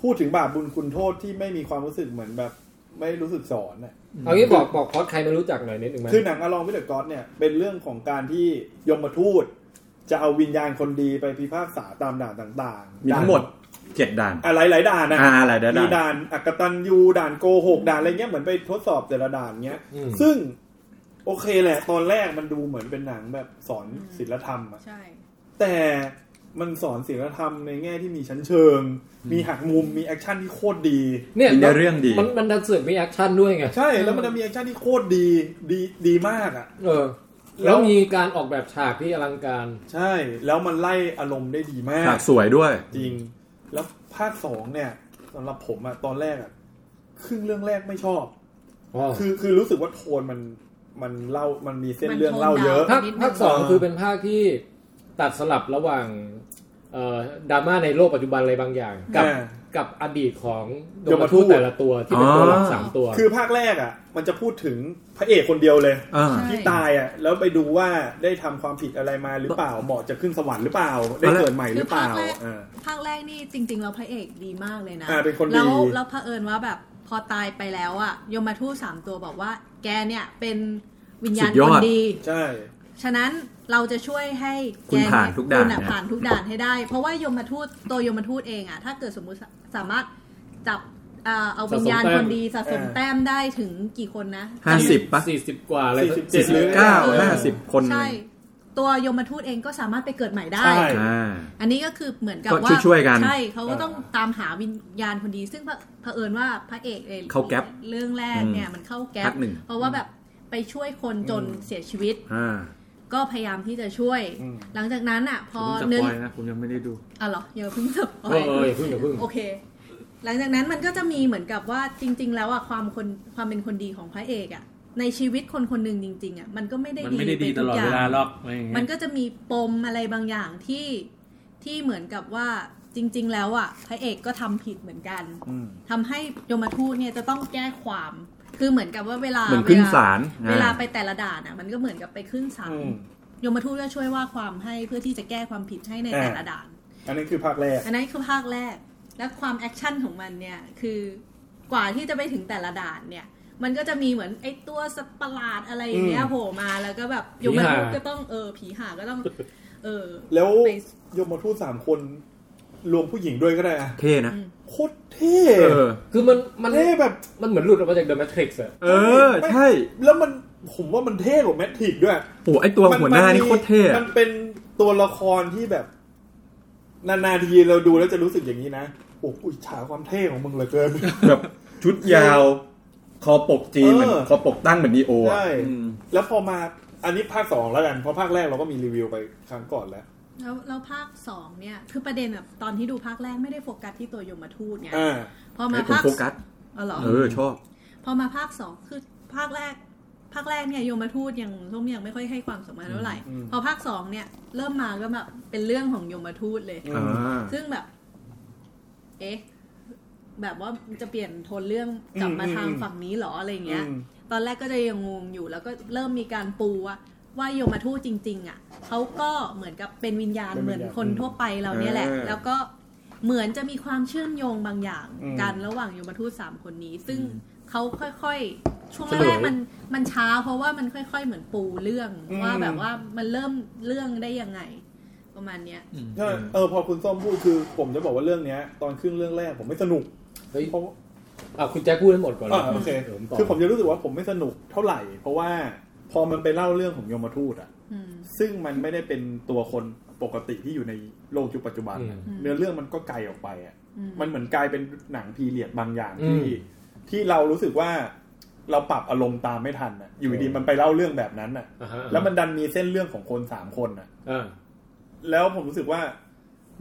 Speaker 6: พูดถึงบาปบุญคุณโทษที่ไม่มีความรู้สึกเหมือนแบบ ไม่รู้สึกสอนน่ะ
Speaker 3: เอางี้บอกบอกพอดใครไม่รู้จักหน่อยนิดนึงไหม
Speaker 6: คือหนังอลองวิดเดอร์ก็อดเนี่ยเป็นเรื่องของการที่ยมทูต จะเอาวิญญาณคนดีไปพิพากษาตามด่านต่างๆ
Speaker 4: มีทั้งหมดเจ็ดด่าน
Speaker 6: อะไรหลายด่านนะ
Speaker 4: อ่าหลายด่าน
Speaker 6: มีด่านอักตันยูด่านโกหกด่านอะไรเงี้ยเหมือนไปทดสอบแต่ละด่านเงี้ย
Speaker 3: อืม
Speaker 6: ซึ่งโอเคแหละ ตอนแรกมันดูเหมือนเป็นหนังแบบสอน
Speaker 5: อืม
Speaker 6: ศิลธรรมอะ
Speaker 5: ใช่
Speaker 6: แต่มันสอนศิลธรรมในแง่ที่มีชั้นเชิง มีหักมุมมีแอคชั่นที่โคตรดี
Speaker 3: เนี่ย
Speaker 4: มีในเรื่องดี
Speaker 3: มันมันดันเสือกมีแอคชั่นด้วยไง
Speaker 6: ใช่แล้วมันจะมีแอคชั่นที่โคตรดีดีดีมากอ่ะ
Speaker 3: เออ
Speaker 6: แล้
Speaker 3: แล้ว วมีการออกแบบฉากที่อลังการ
Speaker 6: ใช่ แล้วมันไล่อารมณ์ได้ดีมา
Speaker 4: ฉาก กสวยด้วย
Speaker 6: จริง แล้วภาคสองเนี่ยสำหรับผมอะตอนแรกอะครึ่งเรื่องแรกไม่ชอบ
Speaker 3: อ๋อ
Speaker 6: คือคือรู้สึกว่าโทนมันมันเล่ามันมีเส้นเรื่องเล่าเยอะ
Speaker 3: ภาคภาคสองคือเป็นภาคที่ตัดสลับระหว่างเอ่อดราม่าในโลกปัจจุบันอะไรบางอย่าง กับ
Speaker 6: อ่า
Speaker 3: กับอดีตของ
Speaker 6: ย
Speaker 3: ย
Speaker 6: ม
Speaker 3: ม
Speaker 6: ทู
Speaker 3: ทู
Speaker 6: ต
Speaker 3: ตแต่ละตัวที่เป็นตัวหลักสามตัว
Speaker 6: คือภาคแรกอะมันจะพูดถึงพระเอกคนเดียวเลย
Speaker 4: อ่า
Speaker 6: ที่ตายอะแล้วไปดูว่าได้ทำความผิดอะไรมาหรือเปล่าเหมาะจะขึ้นสวรรค์หรือเปล่า ได้เกิดใหม่หรือเปล่าอ่า
Speaker 5: ภาคแรกนี่จริง ๆ เราพระเอกดีมากเลยนะ
Speaker 6: อ่าเป็นคนดี
Speaker 5: แล้วเราเผอิญว่าแบบพอตายไปแล้วอะยมทูตสามตัวบอกว่า แกเนี่ยเป็นวิญญาณ
Speaker 4: สุดย
Speaker 5: ค
Speaker 4: อด
Speaker 5: นดี
Speaker 6: ใช่
Speaker 5: ฉะนั้นเราจะช่วยให้แก
Speaker 4: คุณผ่านทุกด่าน
Speaker 5: คุณอะ
Speaker 4: นะ
Speaker 5: ผ่านทุกด่านให้ได้ เพราะว่ายมทูตตัวยมทูตเองอะถ้าเกิดสมมุติสาสามารถจับเอ่อเอาวิญญาณ
Speaker 3: สะสมแต้ม
Speaker 5: คนดีสะสม
Speaker 6: เออ
Speaker 5: แต้มได้ถึงกี่คนนะ
Speaker 4: ห้าสิบปะ
Speaker 3: สี่สิบกว่าอะไร
Speaker 6: สี่สิบเจ็ด
Speaker 4: สี่สิ
Speaker 6: หรื
Speaker 4: บ
Speaker 6: อ
Speaker 4: เก้าห้าสิบคน
Speaker 5: ใช่ ตัวยมทูตเองก็สามารถไปเกิดใหม่ได้
Speaker 6: ใช่
Speaker 4: อ่า
Speaker 5: อันนี้ก็คือเหมือนกับ
Speaker 4: ก็
Speaker 5: ว่า
Speaker 4: ช่วยๆกัน
Speaker 5: ใช่เขาก็ต้องตามหาวิญญาณคนดี ซึ่งเผเผอิญว่าพระเอกอง
Speaker 4: เข้าแก๊ป
Speaker 5: เรื่องแรกเนี่ยมันเข้าแก๊ป
Speaker 4: พักหนึ่ง
Speaker 5: เพราะว่าแบบไปช่วยคนจนเสียชีวิต
Speaker 4: อ่า
Speaker 5: ก็พยายามที่จะช่วย
Speaker 6: อืม
Speaker 5: หลังจากนั้นอ่ะ พอ
Speaker 2: ผมส
Speaker 5: เนื้
Speaker 2: ป
Speaker 5: อ
Speaker 2: อยนะผมยังไม่ได้ดู
Speaker 5: อ่ะเหรออย่าเพิ่งสปอ
Speaker 3: เออย เอออย่าเพึ่งอย่าเพึ่ง
Speaker 5: โอเค หลังจากนั้นมันก็จะมีเหมือนกับว่าจริง ๆ แล้วอะความคนความเป็นคนดีของพระเอกอะในชีวิตคนคนหนึ่งจริงๆอะมันก็ไม่ได้
Speaker 2: มัน
Speaker 5: ดี
Speaker 2: ไม่ได้ดี
Speaker 5: ป
Speaker 2: ต
Speaker 5: ทุก
Speaker 2: ลอด
Speaker 5: ย่
Speaker 2: เว
Speaker 5: ง
Speaker 2: ลาหรอกอะไรอย่างเงี้
Speaker 5: มัน
Speaker 2: ย
Speaker 5: ก็จะมีปมอะไรบางอย่างที่ที่เหมือนกับว่าจริง ๆ แล้วอะพระเอกก็ทำผิดเหมือนกัน
Speaker 6: อืม
Speaker 5: ทำให้ยมทูตเนี่ยจะต้องแก้ความ คือเหมือนกับว่าเวลา
Speaker 4: เหมือนขึ้นศาล
Speaker 5: เวลา
Speaker 4: อ่า
Speaker 5: ไปแต่ละด่านอะมันก็เหมือนกับไปขึ้นศาล
Speaker 6: อืม
Speaker 5: ยมทูตก็ช่วยว่าความให้เพื่อที่จะแก้ความผิดให้ในแต่ละด่าน
Speaker 6: อันนั้นคือภาคแรก
Speaker 5: อันนั้นคือภาคแรก และความแอคชั่นของมันเนี่ยคือกว่าที่จะไปถึงแต่ละด่านเนี่ย มันก็จะมีเหมือนไอ้ตัวสัตว์ประหลาดอะไรอย่างเงี้ย
Speaker 6: อืม
Speaker 5: โผล่มาแล้วก็แบบยมทูตก็ต้องเออผีหาก็ต้อง เออ
Speaker 6: แล้ว
Speaker 5: ไป
Speaker 6: ยมทูตสามคนรวมผู้หญิงด้วยก็ได้อะ
Speaker 4: เท่นะ
Speaker 6: โคตรเท่
Speaker 4: เออ
Speaker 3: คือมันมัน
Speaker 6: เท่แบบ
Speaker 3: มันเหมือนหลุดออกมาจากเดอะแมทริกซ์อะ
Speaker 4: เออ ใช่
Speaker 6: แล้วมันผมว่ามันเท่กว่าแมทริกซ์ด้วย
Speaker 4: โอ้ไอตัวหัวหน้านี่โคตรเท่อะ
Speaker 6: มันเป็นตัวละครที่แบบนานๆทีเราดูแล้วจะรู้สึกอย่างนี้นะโอ้ยฉาความเท่ของมึงเหลือเกิน
Speaker 4: แบบชุดยาว คอปกจีนเหมือน
Speaker 6: เออ
Speaker 4: คอปกตั้งเหมือนนีโออะ
Speaker 6: ใช่
Speaker 4: อืม
Speaker 6: แล้วพอมาอันนี้ภาคสองแล้วกัน เพราะภาคแรกเราก็มีรีวิวไปครั้งก่อนแล้ว
Speaker 5: แล้วแล้วภาคสองเนี่ย คือประเด็นแบบตอนที่ดูภาคแรกไม่ได้โฟกัสที่ตัวยมทูตไง
Speaker 6: อ่า
Speaker 5: พอมา
Speaker 4: ให้ผม
Speaker 5: ภาค
Speaker 4: โฟกัส
Speaker 5: อ๋อเหรอ
Speaker 4: เออ ชอบ
Speaker 5: พอมาภาคสองคือภาคแรก ภาคแรกเนี่ยยมทูตยังส้มยังไม่ค่อยให้ความสำคัญเท่าไหร่
Speaker 6: อืม
Speaker 5: พอภาคสองเนี่ย เริ่มมาก็แบบเป็นเรื่องของยมทูตเลย
Speaker 6: อืม
Speaker 4: อ่า
Speaker 5: ซึ่งแบบ เอ๊ะ แบบว่าจะเปลี่ยนโทนเรื่องกลับมา
Speaker 6: อืม
Speaker 5: ทาง
Speaker 6: อืม
Speaker 5: ฝั่งนี้เหรออะไรอย่างเงี้ย
Speaker 6: อืม
Speaker 5: ตอนแรกก็จะยังงงอยู่ แล้วก็เริ่มมีการปูว่าว่ายมทูตจริง ๆ อ่ะเขาก็เหมือนกับเป็นวิญญาณ
Speaker 6: เป็น
Speaker 5: เหมื
Speaker 6: วิ
Speaker 5: อ
Speaker 6: ญ
Speaker 5: น
Speaker 6: ญาณ
Speaker 5: คนทั่วไปเราเนี่ยแหละ
Speaker 4: เออ
Speaker 5: แล้วก็เหมือนจะมีความเชื่อมโยงบางอย่าง
Speaker 6: อืม
Speaker 5: กันระหว่างยมทูตสามคนนี้ ซึ่งเขาค่อยๆ ช่วง
Speaker 3: เฉล
Speaker 5: แร
Speaker 3: ย
Speaker 5: กๆมันมันช้า เพราะว่ามันค่อย ๆ เหมือนปูเรื่องว่าแบบว่ามันเริ่มเรื่องได้ยังไง ประมาณเนี้ย
Speaker 2: อืม
Speaker 6: ใช่เออพอคุณส้มพูดคือผมจะบอกว่าเรื่องเนี้ย ตอนครึ่งเรื่องแรกผมไม่สนุก
Speaker 3: เฮ้ย
Speaker 6: เพราะ
Speaker 3: อ่ะคุณแจ็คพูดให้หมดก่อน
Speaker 6: อ่าโอเค
Speaker 3: ดี๋ยวผมต่อ
Speaker 6: คือผมจะรู้สึกว่าผมไม่สนุกเท่าไหร่ เพราะว่าพอมันไปเล่าเรื่องของยมทูตอะ
Speaker 5: อืม
Speaker 6: ซึ่งมันไม่ได้เป็นตัวคนปกติที่อยู่ในโลกยุคปัจจุบัน
Speaker 3: อืม
Speaker 6: อะ
Speaker 5: อืม
Speaker 6: เนื้อเรื่องมันก็ไกลออกไปอะ
Speaker 5: อืม
Speaker 6: มันเหมือนกลายเป็นหนังพีเรียดบางอย่าง
Speaker 3: อืม
Speaker 6: ที่ที่เรารู้สึกว่าเราปรับอารมณ์ตามไม่ทันอะอยู่ดีมันไปเล่าเรื่องแบบนั้นอะ
Speaker 3: อ่าฮะ
Speaker 6: แล้วมันดันมีเส้นเรื่องของคนสามคนอะ
Speaker 3: อ่า
Speaker 6: แล้วผมรู้สึกว่า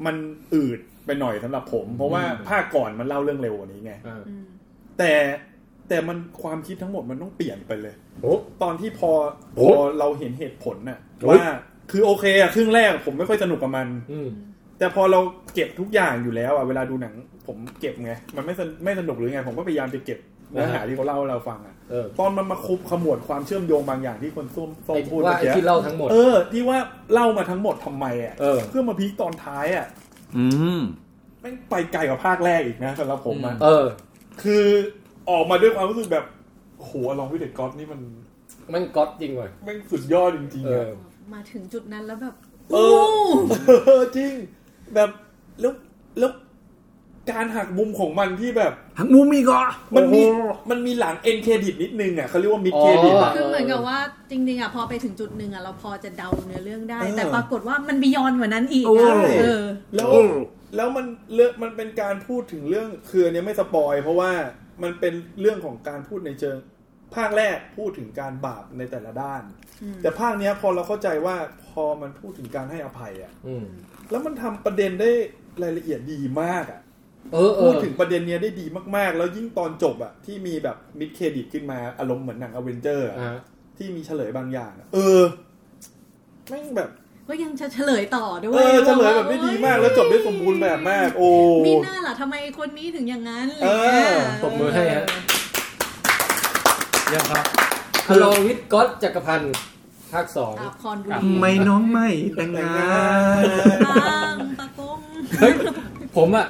Speaker 6: มันอืดไปหน่อยสำหรับผม เพราะว่า
Speaker 3: อืม
Speaker 6: ภาคก่อนมันเล่าเรื่องเร็วกว่านี้ไง
Speaker 3: อ่า
Speaker 5: อืม
Speaker 6: แต่แต่มันความคิดทั้งหมดมันต้องเปลี่ยนไปเลย
Speaker 3: โอ้
Speaker 6: ตอนที่พอ
Speaker 3: โอ้
Speaker 6: พอเราเห็นเหตุผลน่ะ
Speaker 3: โอ้ย
Speaker 6: ว่าคือโอเคอะครึ่งแรกผมไม่ค่อยสนุกกับมัน
Speaker 3: อืม
Speaker 6: แต่พอเราเก็บทุกอย่างอยู่แล้วอะเวลาดูหนังผมเก็บไงมันไม่สนไม่สนุกหรือไง ผมก็พยายามจะเก็บเนื้อหาที่เขาเล่าให้เราฟังอะ
Speaker 3: เออ
Speaker 6: ตอนมันมาคุบขมวดความเชื่อมโยงบางอย่างที่คนส้มส้ม
Speaker 3: ไอ้
Speaker 6: พูด
Speaker 3: ว่า
Speaker 6: เมื่อ
Speaker 3: ไอ้
Speaker 6: กี้
Speaker 3: ที่เล่าทั้งหมด
Speaker 6: เออ ที่ว่าเล่ามาทั้งหมดทำไมอะ
Speaker 3: เออ
Speaker 6: เพื่อมาพีคตอนท้ายอะ
Speaker 4: อืม
Speaker 6: แม่งไปไกลกว่าภาคแรกอีกนะสำหรับผมอะ
Speaker 3: เออ
Speaker 6: คือออกมาด้วยความรู้สึกแบบโหลองวิเดตก๊อตนี่มัน
Speaker 3: มันก๊อตจริงว่ะ
Speaker 6: แม่งสุดยอดจริง
Speaker 3: เอ
Speaker 6: ๆอะ
Speaker 3: อ
Speaker 5: มาถึงจุดนั้นแล้วแบบ
Speaker 6: เออ
Speaker 5: โ
Speaker 6: เออจริง แบบแล้วแล้วการหักมุมของมันที่แบบ
Speaker 4: หักมุมอีกเหรอ
Speaker 6: มันมี
Speaker 4: โอ้โห
Speaker 6: มันมีหลังเอ็นเครดิตนิดนึงอ่ะเขาเรียกว่ามิดเครดิต
Speaker 5: อ้
Speaker 6: อ่ะ
Speaker 5: คือเหมือนกับว่าจริงๆอ่ะพอไปถึงจุดหนึ่งอ่ะเราพอจะเดาเนื้อเรื่องได้
Speaker 6: เออ
Speaker 5: แต่ปรากฏว่ามันบียอนกว่านั้นอีก
Speaker 4: โอ้
Speaker 5: อะ
Speaker 4: โห
Speaker 5: เออ
Speaker 6: แล้ว
Speaker 4: โอ้โห
Speaker 6: แล้วมันเลือกมันเป็นการพูดถึงเรื่องคืออันเนี้ยไม่สปอยเพราะว่ามันเป็นเรื่องของการพูดในเชิง ภาคแรกพูดถึงการบาปในแต่ละด้าน
Speaker 5: อืม
Speaker 6: แต่ภาคเนี้ยพอเราเข้าใจว่าพอมันพูดถึงการให้อภัยอ่ะ
Speaker 3: อืม
Speaker 6: แล้วมันทำประเด็นได้รายละเอียดดีมากอ่ะ
Speaker 3: เออเอ
Speaker 6: พู
Speaker 3: อ
Speaker 6: ดถึงประเด็นเนี้ยได้ดีมากๆ แล้วยิ่งตอนจบอ่ะ ที่มีแบบมิดเครดิตขึ้นมาอารมณ์เหมือนหนังอเวนเจอร์
Speaker 3: อ่า
Speaker 6: ที่มีเฉลยบางอย่างอะเออแม่งแบบ
Speaker 5: ก็ยังจะเฉลยต่อด้ว
Speaker 6: เอยอเฉลยแบบได้ดีมาก แล้วจบได้สมบูรณ์แบบมาก โอ้
Speaker 5: มีหน้าล่ะทำไมคนนี้ถึงอย่างนั้นอะไร
Speaker 6: เอ
Speaker 5: เงี้ย
Speaker 6: อ
Speaker 3: ตบมือให้ฮะ
Speaker 2: เยี่ยมครับ
Speaker 3: ฮัลโลวิทก๊อตจักรพันธ์ภาคสอง
Speaker 5: อาบคอนบุรี
Speaker 2: อ่ะ
Speaker 4: ทำไม่น้องไม่แต่งงาน
Speaker 5: บางปะกง
Speaker 3: เฮ้ยผมอะ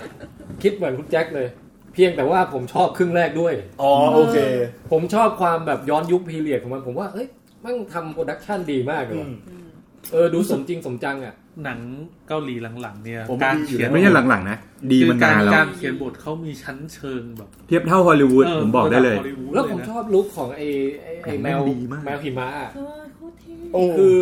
Speaker 3: คิดเหมือนคุณแจ็คเลย เพียงแต่ว่าผมชอบครึ่งแรกด้วย
Speaker 6: อ๋อโอเค
Speaker 3: ผมชอบความแบบย้อนยุคพีเรียดของมัน ผมว่าเอ้ยมันทำโปรดักชันดีมากเลยว่ะ
Speaker 6: อืม
Speaker 3: เออดูสมจริงสมจังอ่ะ
Speaker 2: หนังเกาหลีหลังๆเนี่ย
Speaker 6: ผม
Speaker 2: การ
Speaker 6: ดีอยู่
Speaker 2: เขียน
Speaker 4: ไม่ใช่หลังๆนะ ดี
Speaker 2: คื
Speaker 4: มา
Speaker 2: อาน
Speaker 4: การ นแล้ว
Speaker 2: การเขียนบทเขามีชั้นเชิงแบบ
Speaker 4: เทียบเท่าฮอลลีวูดผมบอกได้เลย
Speaker 2: ระบ Hollywood
Speaker 3: แล้วผม
Speaker 2: เยนะ
Speaker 3: ชอบลุคของไอ้ไอ้ไอ้แมว
Speaker 4: แม่งดีมาก
Speaker 3: แมวหิมะอะ
Speaker 5: เออโคตรเท่
Speaker 6: โอ้
Speaker 3: คือ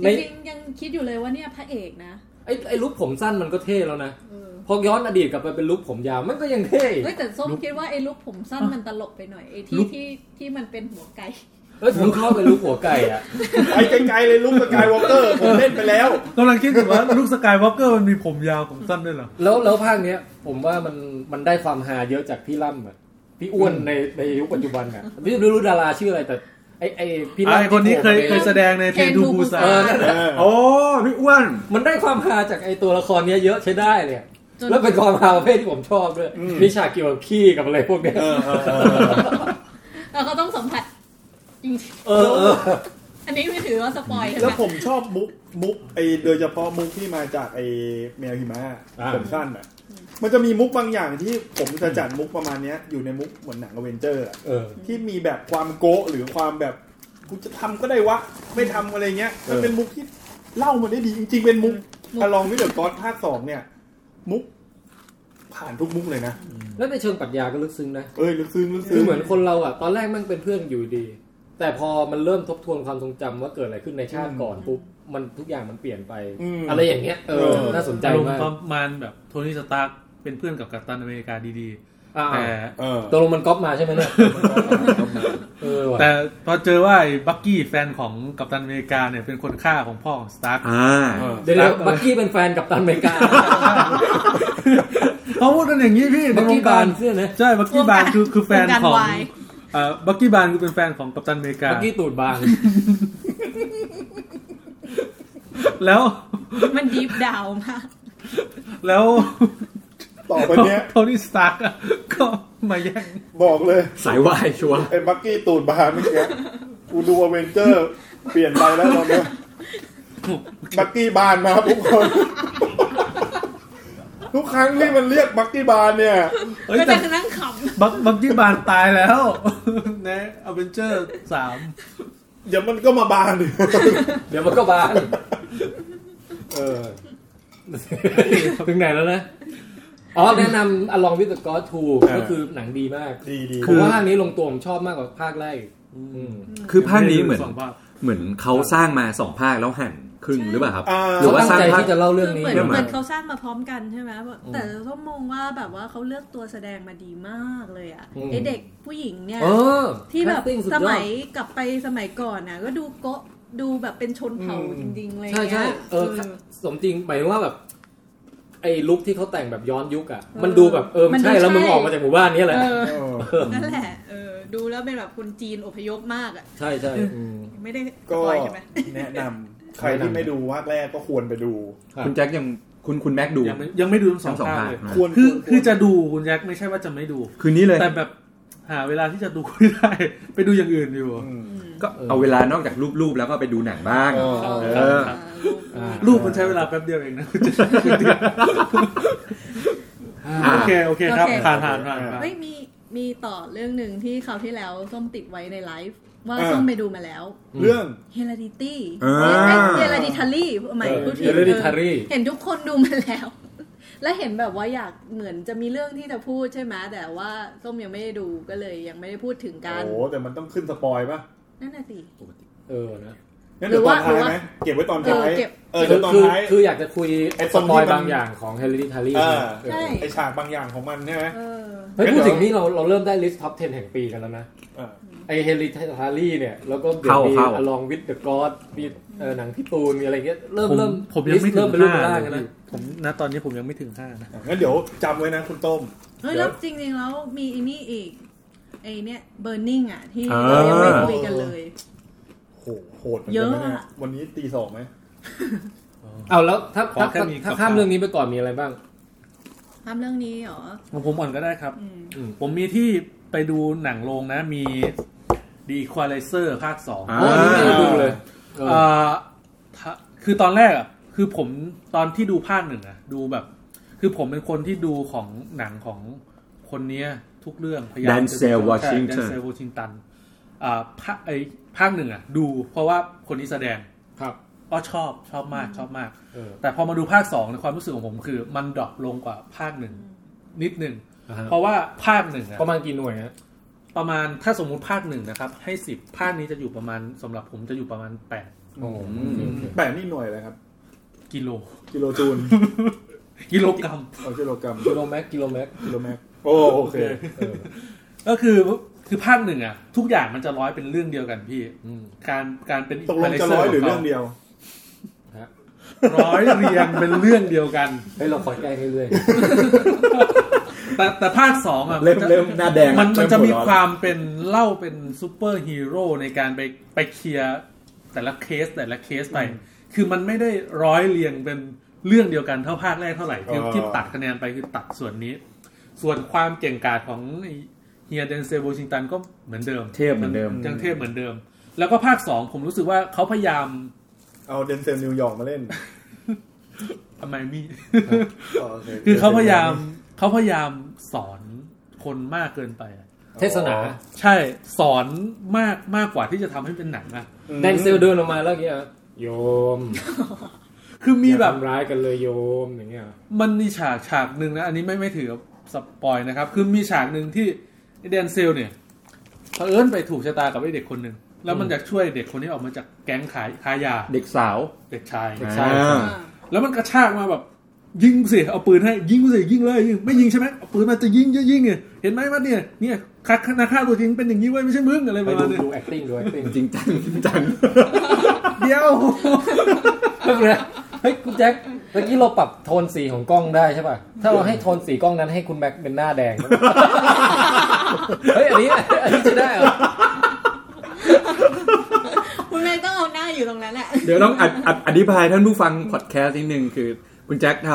Speaker 5: จ
Speaker 3: ใน
Speaker 5: ริงๆยังคิดอยู่เลยว่าเนี่ยพระเอกนะ
Speaker 3: ไอ้ไอ้ลุคผมสั้นมันก็เท่แล้วนะ
Speaker 5: เออ
Speaker 3: พอย้อนอดีตกลับไปเป็นลุคผมยาวมันก็ยังเท่อีก
Speaker 5: เฮ้ยแต่ส้มคิดว่าไอ้ลูกผมสั้นมันตลกไปหน่อยไอ้
Speaker 2: ลุค
Speaker 5: ที่ที่ที่มันเป็นหัวไก่
Speaker 3: เออผมชอบเป็นลุคหัวไก่อะ
Speaker 6: ไปไกลๆเลยลุกสกายวอล์กเกอร์ผมเล่นไปแล้ว
Speaker 2: กำลังคิดอยู่ว่าลูกสกายวอล์กเกอร์มันมีผมยาวผมสั้นด้วยเหรอ
Speaker 3: แล้วแล้วภาคเนี้ย ผมว่ามันมันได้ความฮาเยอะจากพี่ล่ำอะพี่อ้วนในในยุคปัจจุบันอะไม่รู้ดาราชื่ออะไรแต่ไอ้ไอ้พี่ล่ำ
Speaker 2: ไอคนนี้เคย
Speaker 3: ที่โผล่
Speaker 2: เคย
Speaker 3: มา
Speaker 2: แสดงในเทนทูบูซา
Speaker 3: เออนั่นแหละ
Speaker 4: โอ้พี่อ้วน
Speaker 3: มันได้ความฮาจากไอตัวละครเนี้ยเยอะใช้ได้เลยอะ
Speaker 5: จน
Speaker 3: แล้วเป็นความฮาประเภทที่ผมชอบด้วย
Speaker 6: อืม
Speaker 3: มีฉากเกี่ยวกับขี้กับอะไรพวกเนี้ย
Speaker 6: เออเออเออ
Speaker 5: เราก็ต้องสัมผัสจริง
Speaker 3: เออเออ
Speaker 5: ๆอันนี้ไม่ถือว่าสปอยใช่ไห
Speaker 6: แล้
Speaker 5: ม
Speaker 6: วผมชอบมุกมุกไอโดยเฉพาะมุกที่มาจากไอแมวหิมะผมสั้นอ่ะ มันจะมีมุกบางอย่างที่ผมจะจัดมุกประมาณเนี้ยอยู่ในมุกเหมือนหนังอเวนเจอร์
Speaker 3: เออ
Speaker 6: ที่มีแบบความโก้หรือความแบบกูจะทำก็ได้วะ ไม่ทำอะไรเงี้ยมันเป็นมุกที่เล่ามันได้ดีจริง ๆ เป็นมุกอะลองวิดเดอร์กอสภาคสองเนี่ย มุก ผ่านทุกมุกเลยนะ
Speaker 3: แล้วในเชิงปรัชญาก็ลึกซึ้งนะ
Speaker 6: เอ้ยลึกซึ้งลึก
Speaker 3: คื
Speaker 6: ซึ้
Speaker 3: อง เหมือนคนเราอ่ะ ตอนแรกมันเป็นเพื่อนอยู่ดี แต่พอมันเริ่มทบทวนความทรงจำว่าเกิดอะไรขึ้นในชาติก่อนปุ๊บ มันทุกอย่างมันเปลี่ยนไป
Speaker 6: อืม
Speaker 3: อะไรอย่างเงี้ย เอ
Speaker 6: เอ
Speaker 3: อ
Speaker 6: อ
Speaker 3: น่าสนใจ
Speaker 2: อารม
Speaker 3: มา
Speaker 2: ณ์
Speaker 3: ก
Speaker 2: ประมาณแบบโทนี่สตาร์กเป็นเพื่อนกับกัปตันอเมริกาดี
Speaker 3: อ่า
Speaker 2: ๆ แต่
Speaker 6: เออ
Speaker 3: ตกลงมันก๊อปมาใช่ไหมเนี่ย เออว่ะ
Speaker 2: แต่พอเจอว่าไอ้บักกี้แฟนของกัปตันอเมริกาเนี่ยเป็นคนฆ่าของพ่อของสตาร์ก
Speaker 4: อ่า
Speaker 3: เดี๋ยวนะบักกี้เป็นแฟนกับตันอเมริกา
Speaker 2: เขาพูดกันอย่างนี้พี่ใน
Speaker 3: บัก
Speaker 2: ว
Speaker 3: กี้
Speaker 2: งกา
Speaker 3: บาร นเสื้อนะ
Speaker 2: ใช่บักกี้บานคือคือแฟน
Speaker 5: วการ
Speaker 2: ของ
Speaker 5: วาย
Speaker 2: เอ่อบักกี้บานคือเป็นแฟนของกัปตันอเมริกา
Speaker 3: บักกี้ตูดบาง
Speaker 2: แล้ว
Speaker 5: มันดีฟดาวน์มาก
Speaker 2: แล้ว
Speaker 6: ต่อไปเนี้ย
Speaker 2: โทนี่สตาร์กอะก็มาแย่ง
Speaker 6: บอกเลย
Speaker 4: สายวายชัวร์
Speaker 6: ไอ้บักกี้ตูดบานเมื่อกี้กูดูอเวนเจอร์ เปลี่ยนไปแล้วตอนเนี้ยบักกี้บานมาทุกคน ทุกครั้งที่มันเรียกบักกี้บานเนี่ย
Speaker 2: เอ้ย
Speaker 5: ก็
Speaker 2: แต่
Speaker 5: จะนั่งข
Speaker 2: บักบักกี้บานตายแล้ว ในอเวนเจอร์สาม
Speaker 6: เดี๋ยวมันก็มาบาน
Speaker 3: เดี๋ยวมันก็บาน เออ ถึงไหนแล้วนะ อ๋อ แนะนำ Along with the God 2 ก็คือหนังดีมาก
Speaker 6: ดีดี
Speaker 3: ผมว่าภาคนี้ลงตัวผมชอบมากกว่าภาคแรกอีกอืม
Speaker 4: คือภาคนี้เหมือน
Speaker 2: สงภาค
Speaker 4: เหมือนเขาสร้างมาสองภาคแล้วหั่นครึ่งหรือเปล่าครับ
Speaker 6: อ่า
Speaker 4: หรือว่า
Speaker 3: เขา
Speaker 4: ส
Speaker 3: ตั้ใจ
Speaker 4: ร้างงภาค
Speaker 3: ที่จะเล่า
Speaker 5: ำคื
Speaker 3: เรื่อง
Speaker 5: อ
Speaker 3: นี้
Speaker 5: เหมือน
Speaker 4: เรื่อง
Speaker 5: เห
Speaker 4: ใหม่
Speaker 5: มือนเขาสร้างมาพร้อมกันใช่ไหมแบบแต่ต้องมองว่าแบบว่าเขาเลือกตัวแสดงมาดีมากเลยอ่ะไอเด็กผู้หญิงเนี่ย
Speaker 3: เออ
Speaker 5: ที่แบบ
Speaker 3: casting ด
Speaker 5: ส
Speaker 3: อด
Speaker 5: มัยกลับไปสมัยก่อนน่ะ ก็ดูโกะดูแบบเป็นชนเผ่าจริงๆเลย
Speaker 3: ใช่ใช่
Speaker 5: นี่ย
Speaker 3: เออ
Speaker 5: เออ
Speaker 3: สมจริงหมายถึงว่าแบบ ไอ้ลุคที่เขาแต่งแบบย้อนยุคอ่ะ
Speaker 5: ออ
Speaker 3: มันดูแบบเออ
Speaker 5: มันดู
Speaker 3: ใช่แล้ว
Speaker 5: ใช่
Speaker 3: มึงออกมาจากหมู่บ้านนี้แหละ
Speaker 5: เออ
Speaker 6: เออ
Speaker 3: เออ
Speaker 5: นั่นแหละเออดูแล้วเป็นแบบคนจีนอพยพมากอ่ะ
Speaker 3: ใช่ใช่อืม
Speaker 5: ไม่ได้
Speaker 6: ก็
Speaker 5: ปล่อยใช่ไหม
Speaker 6: แนะนำใครที่ไม่ดูภาคแรกก็ควรไปดู
Speaker 4: คุณแจ็คยังคุณคุณแม็กดู
Speaker 2: ยังไม่ยังไม่ดูทั้งสอ
Speaker 4: ทั้
Speaker 2: ง
Speaker 4: งสอง
Speaker 2: ภาค
Speaker 4: ภาค
Speaker 2: เลย
Speaker 4: นะ
Speaker 6: ควร
Speaker 2: คือ
Speaker 6: วร
Speaker 2: คือจะดูคุณแจ็คไม่ใช่ว่าจะไม่ดู
Speaker 4: คืนนี้เลย
Speaker 2: แต่แบบหาเวลาที่จะดูไม่ได้ ไปดูอย่างอื่นอยู่
Speaker 6: อืม
Speaker 4: ก็เอาเวลานอกจากรูปๆแล้วก็ไปดูหนังบ้าง
Speaker 6: เออ
Speaker 4: เออ
Speaker 5: อ่า
Speaker 3: อ่า
Speaker 2: รูปมันใช้เวลาแป๊บเดียวเองนะคุณแจ็ค
Speaker 4: อ่า
Speaker 2: โอเคโอเคครับผ่านผ่านผ่านผ่าน
Speaker 5: เฮ้ยมีมีต่อเรื่องหนึ่งที่คราวที่แล้วส้มติดไว้ในไลฟ์ว่า
Speaker 6: อ่า
Speaker 5: ส้มไปดูมาแล้ว
Speaker 6: เรื่อง
Speaker 5: เฮล d i ตี้
Speaker 4: อ่า
Speaker 5: เฮล d i ทารี่ใหม่พูดผิด
Speaker 3: เอลิทารี
Speaker 5: เห็นทุกคนดูมาแล้ว และเห็นแบบว่าอยากเหมือนจะมีเรื่องที่จะพูดใช่ไหมแต่ว่าส้มยังไม่ได้ดูก็เลยยังไม่ได้พูดถึงกัน
Speaker 6: โอ้แต่มันต้องขึ้นสปอยป่ะ
Speaker 5: นั่นน่ะสิ
Speaker 3: เออนะ
Speaker 6: งั้นเดี๋ยวตอนท้ายไหมเก็บไว้ตอนท้า
Speaker 5: เอ
Speaker 6: ย
Speaker 5: อเก็บ
Speaker 6: เออเดี๋ยวตอน
Speaker 3: คือ
Speaker 6: ท้าย
Speaker 3: คืออยากจะคุย
Speaker 6: ไอ้
Speaker 3: ส
Speaker 6: ตรง
Speaker 3: ปอย
Speaker 6: ที่มัน
Speaker 3: บางอย่างของเฮลิทารี
Speaker 6: เออ
Speaker 5: ใช่
Speaker 6: ไอฉากบางอย่างของมันใช่ไหม
Speaker 5: เออ
Speaker 3: เฮ้ยพูดถึงนี่เราเราเริ่มได้ลิสต์ท็อป 10 แห่งปีกันแล้วนะ
Speaker 6: เออ
Speaker 3: ไอเฮลิทารีเนี่ย แล้วก็เดี๋ยวมี
Speaker 4: เข้าเข้า
Speaker 3: อลองวิดเดอะกอดมีเอ่อหนังพี่ตูนมีอะไรเงี้ยเริ่ม
Speaker 2: ผม
Speaker 3: เริ่ม
Speaker 2: ผมยังไม่ถึ
Speaker 3: เริ่ม
Speaker 2: ง
Speaker 3: เป็นรูป
Speaker 2: ห้าเล
Speaker 3: เป็นร่างกั
Speaker 2: ย
Speaker 3: นนะ
Speaker 2: ผมนะตอนนี้ผมยังไม่ถึงห้านะ
Speaker 6: อ่ะงั้นเดี๋ยวจำไว้นะคุณต้ม
Speaker 5: เฮ้ย
Speaker 6: เดี๋
Speaker 5: แล้
Speaker 6: ยว ว
Speaker 5: จริงๆแล้วมีไอ้นี่อีกไอ้เนี่ยเบอร์นิงอ่ะ ที่
Speaker 4: อ่า
Speaker 5: เรายังไม่ได้คุยกันเลย
Speaker 6: โหโหดเหมือนกันนะ
Speaker 5: เย
Speaker 6: เนี่
Speaker 5: อะ
Speaker 6: ย
Speaker 5: อะ
Speaker 6: วันนี้ตีสองไหม
Speaker 3: เอาแล้วถ้า
Speaker 2: ขอ
Speaker 3: ถ้า
Speaker 2: แค่
Speaker 3: ถ้า
Speaker 2: มี
Speaker 3: ถ้า
Speaker 2: กับ
Speaker 3: ข้าม
Speaker 2: ข้าว
Speaker 3: เรื่องนี้ไปก่อนมีอะไรบ้าง
Speaker 5: ทำเรื่องนี้เหรอ
Speaker 2: ของผมอ่อนก็ได้ครับ
Speaker 5: อืม
Speaker 2: ผมมีที่ไปดูหนังโรงนะมีดีควาไลเซอร์ภาคสอง
Speaker 4: อ่า
Speaker 3: อ๋อนี่ไม่ได้ดูเลยเออ
Speaker 2: เอ่อถ้าคือตอนแรกอ่ะคือผมตอนที่ดูภาคหนึ่งอ่ะดูแบบ คือผมเป็นคนที่ดูของหนังของคนเนี้ยทุกเรื่องพยายาม
Speaker 4: Denzel
Speaker 2: จะ
Speaker 4: Washington
Speaker 2: แดนเซลวอชิงตันอ่าภาคไอภาคหนึ่งอ่ะ ดูเพราะว่าคนนี้แสดง
Speaker 3: ครับ
Speaker 2: ก็ชอบชอบมากชอบมาก
Speaker 3: เออ
Speaker 2: แต่พอมาดูภาคสองในความรู้สึกของผมคือ มันดรอปลงกว่าภาคหนึ่งนิดหนึ่ง
Speaker 3: อ่าฮะ
Speaker 2: เพราะว่าภาคหนึ่งอ่ะ
Speaker 3: ประมาณกี่หน่วยฮะ
Speaker 2: ประมาณถ้าสมมุติภาคหนึ่งนะครับ ให้สิบภาคนี้จะอยู่ประมาณสำหรับผมจะอยู่ประมาณแปด
Speaker 3: อ๋ออืมโอเค
Speaker 6: แปดนี่หน่วยอะไรครับ
Speaker 2: กิโล
Speaker 6: กิโลจูล
Speaker 2: กิโลกรัม
Speaker 6: เอากิโลกรัม
Speaker 3: กิโลแม็กกิโลแม็ก
Speaker 6: กิโลแมกโอ้โอเค
Speaker 3: เออ
Speaker 2: ก็คือคือภาคหนึ่งอ่ะ ทุกอย่างมันจะร้อยเป็นเรื่องเดียวกันพี่
Speaker 3: อืม
Speaker 2: การการเป็น
Speaker 6: ตกลงจะร้อยหรือเรื่องเดียว
Speaker 2: ร้อยเรียงเป็นเรื่องเดียวกัน
Speaker 3: เฮ้ยเราคอยใกล้เรื่อย
Speaker 2: แต่แต่ภาคสองอ่ะ
Speaker 4: เริ่มเริ่มหน้าแดง
Speaker 2: มันมัน
Speaker 4: เริ่
Speaker 2: จะมี
Speaker 4: หัวเร
Speaker 2: ความเป็นเล่าเป็นซูเปอร์ฮีโร่ในการไปไปเคลียร์แต่ละเคสแต่ละเคสไป คือมันไม่ได้ร้อยเรียงเป็นเรื่องเดียวกันเท่าภาคแรกเท่าไหร่ที่
Speaker 6: อ๋อ
Speaker 2: ที่ตัดคะแนนไปคือตัดส่วนนี้ ส่วนความเก่งกาจของไอ้เฮียเดนเซลโวชิงตันก็เหมือนเดิม
Speaker 4: เทพเหมือนเดิม
Speaker 2: ยังเทพเหมือนเดิม แล้วก็ภาคสองผมรู้สึกว่าเขาพยายาม
Speaker 6: เอาเดนเซลนิวยอร์กมาเล่น
Speaker 2: ทำไมมี
Speaker 6: อ๋อโอ
Speaker 2: คือเขาพยายามเขาพยายามสอนคนมากเกินไปอะ
Speaker 3: ๆ เทศนา
Speaker 2: ใช่สอนมากมากกว่าที่จะทำให้เป็นหนังอะ
Speaker 6: อืม
Speaker 3: แดนเซลเดินออกมาแล้วอย่างเงี้ยโยม
Speaker 2: คือมีแบบ
Speaker 3: อย่าทำร้ายกันเลยโยมอย่างเงี้ย
Speaker 2: มันมีฉากฉากหนึ่งนะ อันนี้ไม่ไม่ถือสปอยนะครับ คือมีฉากหนึ่งที่ไอ้แดนเซลเนี่ยเผอิญไปถูกชะตากับไอ้เด็กคนหนึ่งแล้วมันอยากช่วยเด็กคนนี้ออกมาจากแก๊งขายค้ายา
Speaker 4: เด็กสาว
Speaker 2: เด็กชาย
Speaker 4: อ่า
Speaker 2: แล้วมันกระชากมาแบบ ยิงสิเอาปืนให้ยิงสิยิงเลยยิงไม่ยิงใช่ไหมเอาปืนมาจะยิงจะยิงเนี่ยเห็นไหมว่าเนี่ยเนี่ยคักนาค่าตัวจริงเป็นอย่างนี้เว้ยไม่ใช่มึงอะไรป
Speaker 3: ไประ ดู
Speaker 2: มาณเนี้
Speaker 3: ดู acting ดู acting
Speaker 4: จริงจังจริงจัง
Speaker 2: เดียว
Speaker 3: เพิ่งเลยเฮ้ยคุณแจ็คเมื่อกี้เราปรับโทนสีของกล้องได้ใช่ป่ะ ถ้าเราให้โทนสีกล้องนั้นให้คุณแม็กเป็นหน้าแดง เฮ้ย อันนี้อันนี้จะได้เหรอ
Speaker 7: คุณแม่ต้องเอาหน้าอยู่ตรงนั้นแหละ
Speaker 4: เดี๋ยวต้องอธิอธิบายท่านผู้ฟังพอดแคสต์นิดนึงคือ คุณแจ็คท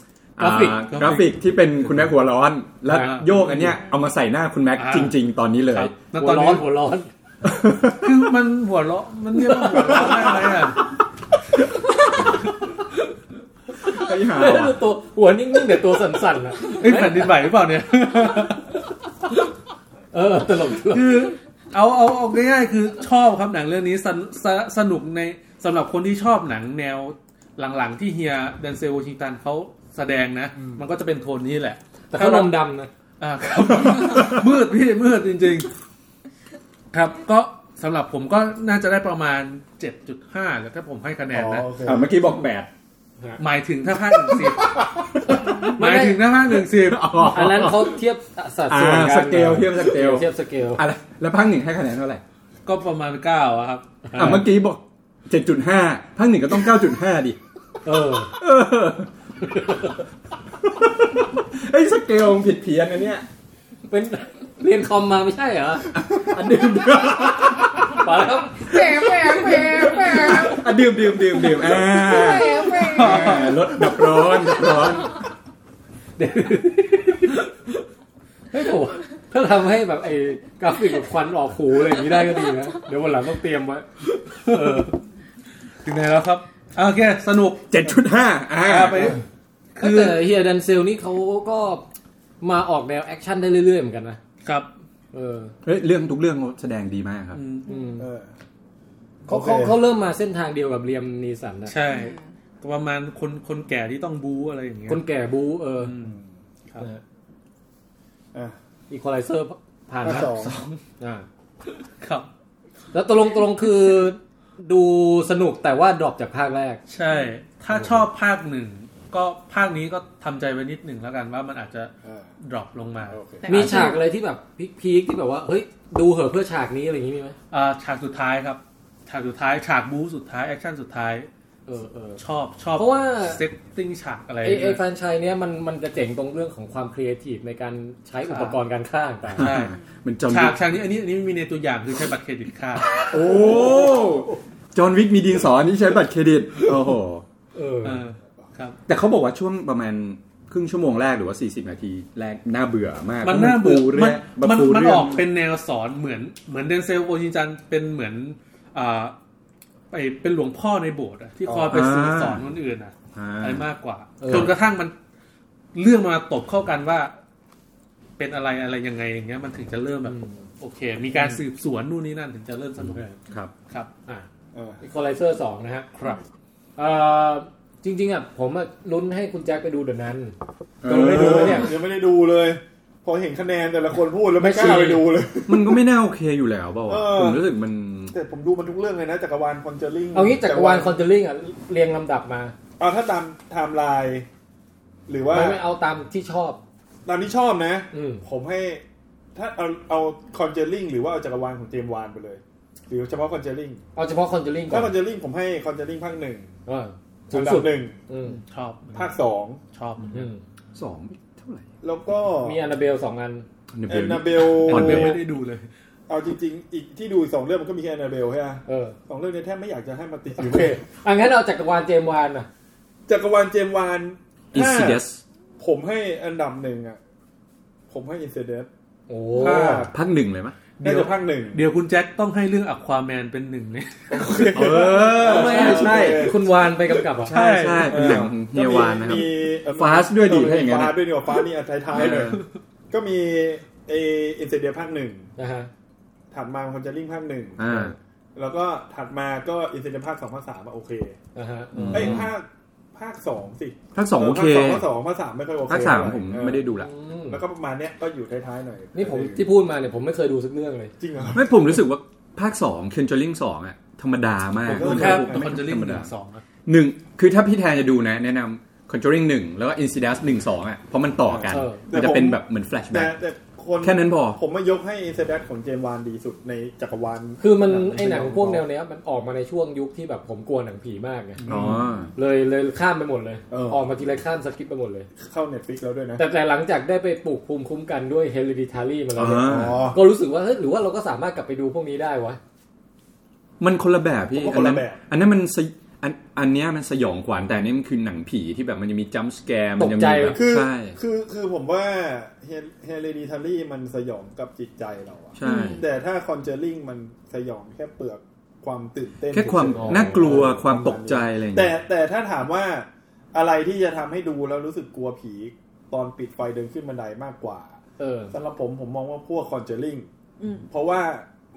Speaker 4: ำอ่าก
Speaker 2: ราฟิก
Speaker 4: กราฟิกที่เป็นคุณแม็กหัวร้อน แล้ว
Speaker 2: อ่า
Speaker 4: โยกอันเนี้ยเอามาใส่หน้าคุณแม็ก
Speaker 2: อ่า
Speaker 4: จริง ๆ ตอนนี้เลย
Speaker 2: แล้ว
Speaker 3: หั
Speaker 2: ตอ
Speaker 3: วน ร้อ
Speaker 2: นี้
Speaker 3: นหัวร้อน
Speaker 2: คือมันหัวเราะมันเรียกว่าหัวเราะได้ไหมอ่ะ
Speaker 4: ไอ้ห่าว่ะ
Speaker 3: ตัวหัวนิ่งๆแต่ตัวสั่นๆอ่ะ
Speaker 2: ไอ้ยแผ่นดินไหวหรือเปล่าเนี่ย
Speaker 3: เออตลกตลก
Speaker 2: คือเอาเอาเอาง่ายๆคือชอบครับหนังเรื่องนี้สนสนสนุกในสำหรับคนที่ชอบหนังแนวหลังๆที่เฮียแดนเซลโวชิงตันเขาแสดงนะ มันก็จะเป็นโทนนี้แหละ
Speaker 3: แต่เขาดำดำๆนะ
Speaker 2: อ่าครับ มืดพี่มืดจริง ๆ ครับก็สำหรับผมก็น่าจะได้ประมาณ 7.5 แล้วถ้าผมให้คะแนน
Speaker 6: อ๋อ
Speaker 2: นะ
Speaker 6: โอเค
Speaker 4: อ่าเมื่อกี้บอกแปด
Speaker 2: หมายถึงถ้าภาคหนึ่งสิบห
Speaker 3: ไม่
Speaker 2: มาย
Speaker 3: ไม่
Speaker 2: ถึงถ้าภาคหนึ่งสิบ
Speaker 3: อันนั้นเขาเทียบสัด
Speaker 4: อ่า
Speaker 3: ส่วนกัน
Speaker 4: สเกลเทียบสเกล
Speaker 3: เทียบสเกล
Speaker 4: อะไรแล้วภาคหนึ่งให้คะแนนเท่าไหร่
Speaker 2: ก็ประมาณเก้าอะครับ
Speaker 4: อ่าเมื่อกี้บอกเจ็ดจุดห้าภาคหนึ่งก็ต้องเก้าจุดห้าดิ
Speaker 3: เออ
Speaker 4: เออไอ้ยสเกลมันผิดเพี้ยนอันเนี้ย
Speaker 3: เป็น เรียนคอมมาไม่ใช่เหรอ
Speaker 4: อันดื่มดื่ม
Speaker 3: เปล่าแล้ว
Speaker 7: แหมแหมแหมแหม
Speaker 4: อันดื่มดื่มดื่มดื่มอ่า
Speaker 7: แหม
Speaker 4: อ่ารถดับร้อนดับร้อน
Speaker 3: เฮ้ยโหถ้าทำให้แบบไอ้กราฟิกแบบควันออกหูอะไรอย่างนี้ได้ก็ดีนะ เดี๋ยววันหลังต้องเตรียมไว้ เออ
Speaker 2: ถึงไหนแล้วครับอ่ะโอเค สนุก
Speaker 4: เจ็ดจุดห้าอ่า
Speaker 2: อ่ะไป คื
Speaker 3: คือ อเฮียดันเซลนี่เขาก็มาออกแนวแอคชั่นได้เรื่อยๆเหมือนกันนะครับ เออ
Speaker 4: เฮ้ยเรื่องทุกเรื่องแสดงดีมากครับ
Speaker 2: อืม
Speaker 3: อืม
Speaker 6: เออ
Speaker 3: เขาเขาเขาเริ่มมาเส้นทางเดียวกับเรียมนีสันนะ
Speaker 2: ใช่ประมาณคนคนแก่ที่ต้องบูอะไรอย่างเงี้ย
Speaker 3: คนแก่บูเออ
Speaker 2: อืมครับ
Speaker 6: อ่ะ
Speaker 3: อีควอไลเซอร์ผ่าน
Speaker 6: ภาค
Speaker 3: นะ
Speaker 6: สอง
Speaker 3: อ่า
Speaker 2: ครับ
Speaker 3: แล้วตกลงตกลงคือดูสนุกแต่ว่าดรอปจากภาคแรก
Speaker 2: ใช่ ถ้าชอบภาคหนึ่งก็ภาคนี้ก็ทำใจไว้นิดหนึ่งแล้วกันว่ามันอาจจะ
Speaker 6: เออ
Speaker 2: ดรอปลงมา
Speaker 6: โอเค
Speaker 3: มีฉากอะไรที่แบบพีคๆที่แบบว่า เฮ้ย ดูเหอะเพื่อฉากนี้อะไรอย่างนี้มีไหม
Speaker 2: อ่าฉากสุดท้ายครับ ฉากสุดท้ายฉากบู๊สุดท้ายแอคชั่นสุดท้าย
Speaker 3: เออเออ
Speaker 2: ชอบชอบ
Speaker 3: เพราะว่า
Speaker 2: เซตติ้งฉากอะไร
Speaker 3: ไอไอแฟรนไชายเนี้ยมันมันจะเจ๋งตรงเรื่องของความครีเอทีฟในการใช้อุปกรณ์การข้างต่าง
Speaker 2: ใช่
Speaker 4: มันจอห์น
Speaker 2: ฉา
Speaker 4: วิ
Speaker 2: ก
Speaker 4: ก
Speaker 2: ฉากนี้อันนี้อันนี้มีในตัวอย่างคือใช้บัตรเครดิตค่าด
Speaker 4: โอ้จอห์นวิกมีดินสอนี่ใช้บัตรเครดิต โอ้โห
Speaker 3: เออ
Speaker 2: เออครับ
Speaker 4: แต่เขาบอกว่าช่วงประมาณครึ่งชั่วโมงแรกหรือว่า 40 นาทีแรกน่าเบื่อมาก
Speaker 2: มันน่าเบื่อ
Speaker 4: ปู
Speaker 2: มัน
Speaker 4: เรื่องา
Speaker 2: มัน
Speaker 4: ปู
Speaker 2: มัน
Speaker 4: เรื่
Speaker 2: อ
Speaker 4: อง
Speaker 2: อกเป็นแนวสอนเหมือนเหมือนเดนเซลโอชินจันเป็นเหมือนอ่าไปเป็นหลวงพ่อในโบสถ์อะที่คอยไปสื่อสอนคนอื่นอะ
Speaker 4: อ่า
Speaker 2: อะไรมากกว่า
Speaker 3: เออ
Speaker 2: จนกระทั่งมันเรื่องมาตบเข้ากันว่า เป็นอะไรอะไรยังไงอย่างเงี้ย มันถึงจะเริ่มแบบ โอเค มีการสืบสวนนู่นนี่นั่นถึงจะเริ่มสนุก
Speaker 4: ครับ
Speaker 2: ครับ
Speaker 3: อ่ะ
Speaker 6: เออ
Speaker 3: อีควอไลเซอร์สองนะฮะ
Speaker 2: ครับ
Speaker 3: เอ่อจริง ๆอ่ะผมอ่ะลุ้นให้คุณแจ็คไปดูเดอะนั้น
Speaker 4: เอ
Speaker 3: ก็ไม่ดู
Speaker 4: อ
Speaker 3: เลยเนี่ย
Speaker 6: ยังไม่ได้ดูเลย พอเห็นคะแนนแต่ละคนพูดแล้วไม่กล้าไปดูเลย
Speaker 4: มันก็ไม่น่าโอเคอยู่แล้วเปล่าวะ
Speaker 6: เออ
Speaker 4: ผมรู้สึกมัน
Speaker 6: แต่ผมดูมันทุกเรื่องเลยนะจักรวาลคอนเจอริง
Speaker 3: เอางี้จักรวาลคอนเทลลิ่งอ่ะเรียงลำดับมา
Speaker 6: เอาถ้าตามไทม์ไลน์หรือว่า
Speaker 3: ไม่ไม่เอาตามที่ชอบ
Speaker 6: ตามที่ชอบนะ
Speaker 3: อืม
Speaker 6: ผมให้ถ้าเอาเอาคอนเจอริงหรือว่าเอาจักรวาลของเจมส์วานไปเลย หรือเฉพาะคอนเจอริง
Speaker 3: เอาเฉพาะคอนเทลลิ่งก่อ
Speaker 6: ถ้าน คอนเจอริงผมให้คอนเจอริงภาคหนึ่ง
Speaker 3: เออสู
Speaker 6: อั
Speaker 3: ง
Speaker 6: นดั
Speaker 3: สุด
Speaker 6: บหนึ่ง
Speaker 3: อืม
Speaker 2: ชอบ
Speaker 6: ภาคสอง
Speaker 2: ชอบเหมือนกั
Speaker 3: อื
Speaker 2: น
Speaker 3: ม
Speaker 4: สองเท่าไหร่
Speaker 6: แล้วก็
Speaker 3: มีอันนาเบลสองอัน
Speaker 6: แอนนาเบล
Speaker 4: ตอนเบลไม่ได้
Speaker 6: เ
Speaker 4: ดูเลย
Speaker 6: อาจริง ๆ อีกที่ดูอีกสองเรื่องมันก็มีแค่แอนนาเบลใช่ไหม
Speaker 3: เออ
Speaker 6: สองเรื่องเนี้แทบไม่อยากจะให้มาติดอยู่
Speaker 3: โอเคอันงั้นเอาจักรวาลเจมส์วานอ่ะ
Speaker 6: จักรวาลเจมส์วาน
Speaker 4: อิน
Speaker 6: ถ้า
Speaker 4: ซิเดส
Speaker 6: ผมให้อันดับหนึ่งอ่ะผมให้อินเซเดส
Speaker 3: โอ้
Speaker 6: ภาค
Speaker 4: ภาคหนึ่งเลยมะ
Speaker 6: น่าจะภาคหนึ่ง
Speaker 2: เดี๋ยวคุณแจ็คต้องให้เรื่องอัควาแมนเป็นหนึ่งเนี่ย
Speaker 4: เออ
Speaker 6: ทำไมอ่ะ
Speaker 4: ใช่
Speaker 3: คุณวานไปกำกับเหรอ่ะ
Speaker 4: ใช่ใช่เป็นหนังของเฮียวานนะครับ
Speaker 6: มี
Speaker 4: Fast ด้วยดิถ้าอย่างนั้น
Speaker 6: ฟา
Speaker 4: อะ
Speaker 6: สด้วยดิฟาสนี่อันท้ายๆเลย ก็มีเออินเซเดียภาคหนึ่ง
Speaker 3: นะฮะ
Speaker 6: ถัดมาคอนเจอริงภาคหนึ่ง
Speaker 4: อ่า
Speaker 6: แล้วก็ถัดมาก็อินเซเดียภาคสองภาคสามอะโอเค
Speaker 3: นะฮะ
Speaker 6: ไอ้ยภาคภาคสองสิ
Speaker 4: ภาคสองโอเค
Speaker 6: ภาคสองภาคสามไม่ค่อยโอเค
Speaker 4: ภาคสามผม
Speaker 6: เออ
Speaker 4: ไม่ได้ดูละ
Speaker 3: อืม
Speaker 6: แล้วก็ประมาณเนี้ยก็อยู่ท้ายๆหน่อย
Speaker 3: นี่ผมที่พูดมาเนี่ยผมไม่เคยดูสักเรื่องเลย
Speaker 6: จริงเหรอ
Speaker 4: ไม่ผมรู้สึกว่าภาคสองเคนจอริงสองอะธรรมดามาก
Speaker 6: ผมก็
Speaker 4: มัน
Speaker 2: แค่
Speaker 4: ไม่
Speaker 2: คอนเจอริง
Speaker 4: ธรรม
Speaker 2: ห
Speaker 4: ดา
Speaker 2: นึ่งสองนะ
Speaker 4: หนึ่งคือถ้าพี่แทนจะดูนะ แนะนำ Conjuring หนึ่งแล้วก็ Insidious หนึ่งสองอ่ะเพราะมันต่อกัน
Speaker 3: เออ
Speaker 4: มันจะเป็นแบบเหมือนแฟลช
Speaker 6: แต่
Speaker 4: แบ็ก
Speaker 6: แต่คน
Speaker 4: แค่นั้นพอ
Speaker 6: ผมมายกให้อินเซเดียของเจมส์วานดีสุดในจักรวาล
Speaker 3: คือมันไอ
Speaker 6: ห
Speaker 3: หนั
Speaker 6: นัง
Speaker 3: ง
Speaker 6: ผี
Speaker 3: พวกแนวเนี้ยมันออกมาในช่วงยุคที่แบบผมกลัวหนังผีมากไง
Speaker 4: อ๋อ
Speaker 3: เลยเลยข้ามไปหมดเลย
Speaker 6: เออ
Speaker 3: ออกมาทีไรข้ามสกิปไปหมดเลย
Speaker 6: เข้าเน็ตฟิกแล้วด้วยนะ
Speaker 3: แต่แต่หลังจากได้ไปปลูกภูมิคุ้มกันด้วย Hereditary มาแล้วเนี่ย
Speaker 4: อ่า
Speaker 6: อ๋อ
Speaker 3: ก็รู้สึกว่าเฮ้ยหรือว่าเราก็สามารถกลับไปดูพวกนี้ได้วะ
Speaker 4: มันคนละแบบพี่
Speaker 6: ผม
Speaker 4: อัน
Speaker 6: ว่า
Speaker 4: นั้น
Speaker 6: คนละแบบ
Speaker 4: อันนั้นมันสยอันอันเนี้ยมันสยองขวัญแต่อันนี้มันคือหนังผีที่แบบมันจะมีจัมป์สแกร์มัน
Speaker 3: ต
Speaker 4: จะ
Speaker 3: กใจ
Speaker 4: มีแบบ
Speaker 6: คือ
Speaker 4: ใช่
Speaker 6: คือคือผมว่าเฮเลดิทารี่มันสยองกับจิตใจเราอะ
Speaker 4: ใช่
Speaker 6: แต่ถ้าคอนเจอริงมันสยองแค่เปลือกความตื่นเต้น
Speaker 4: แค่ความ
Speaker 6: เฉยๆ
Speaker 4: น่ากลัว
Speaker 6: เออ
Speaker 4: ความตกใจอะไรอย่าง
Speaker 6: แต่
Speaker 4: เงี้ย
Speaker 6: แต่ถ้าถามว่าอะไรที่จะทำให้ดูแล้วรู้สึกกลัวผีตอนปิดไฟเดินขึ้นบันไดมากกว่า
Speaker 3: เออ
Speaker 6: สำหรับผมผมมองว่าพวกคอนเจอริง
Speaker 5: อืม
Speaker 6: เพราะว่า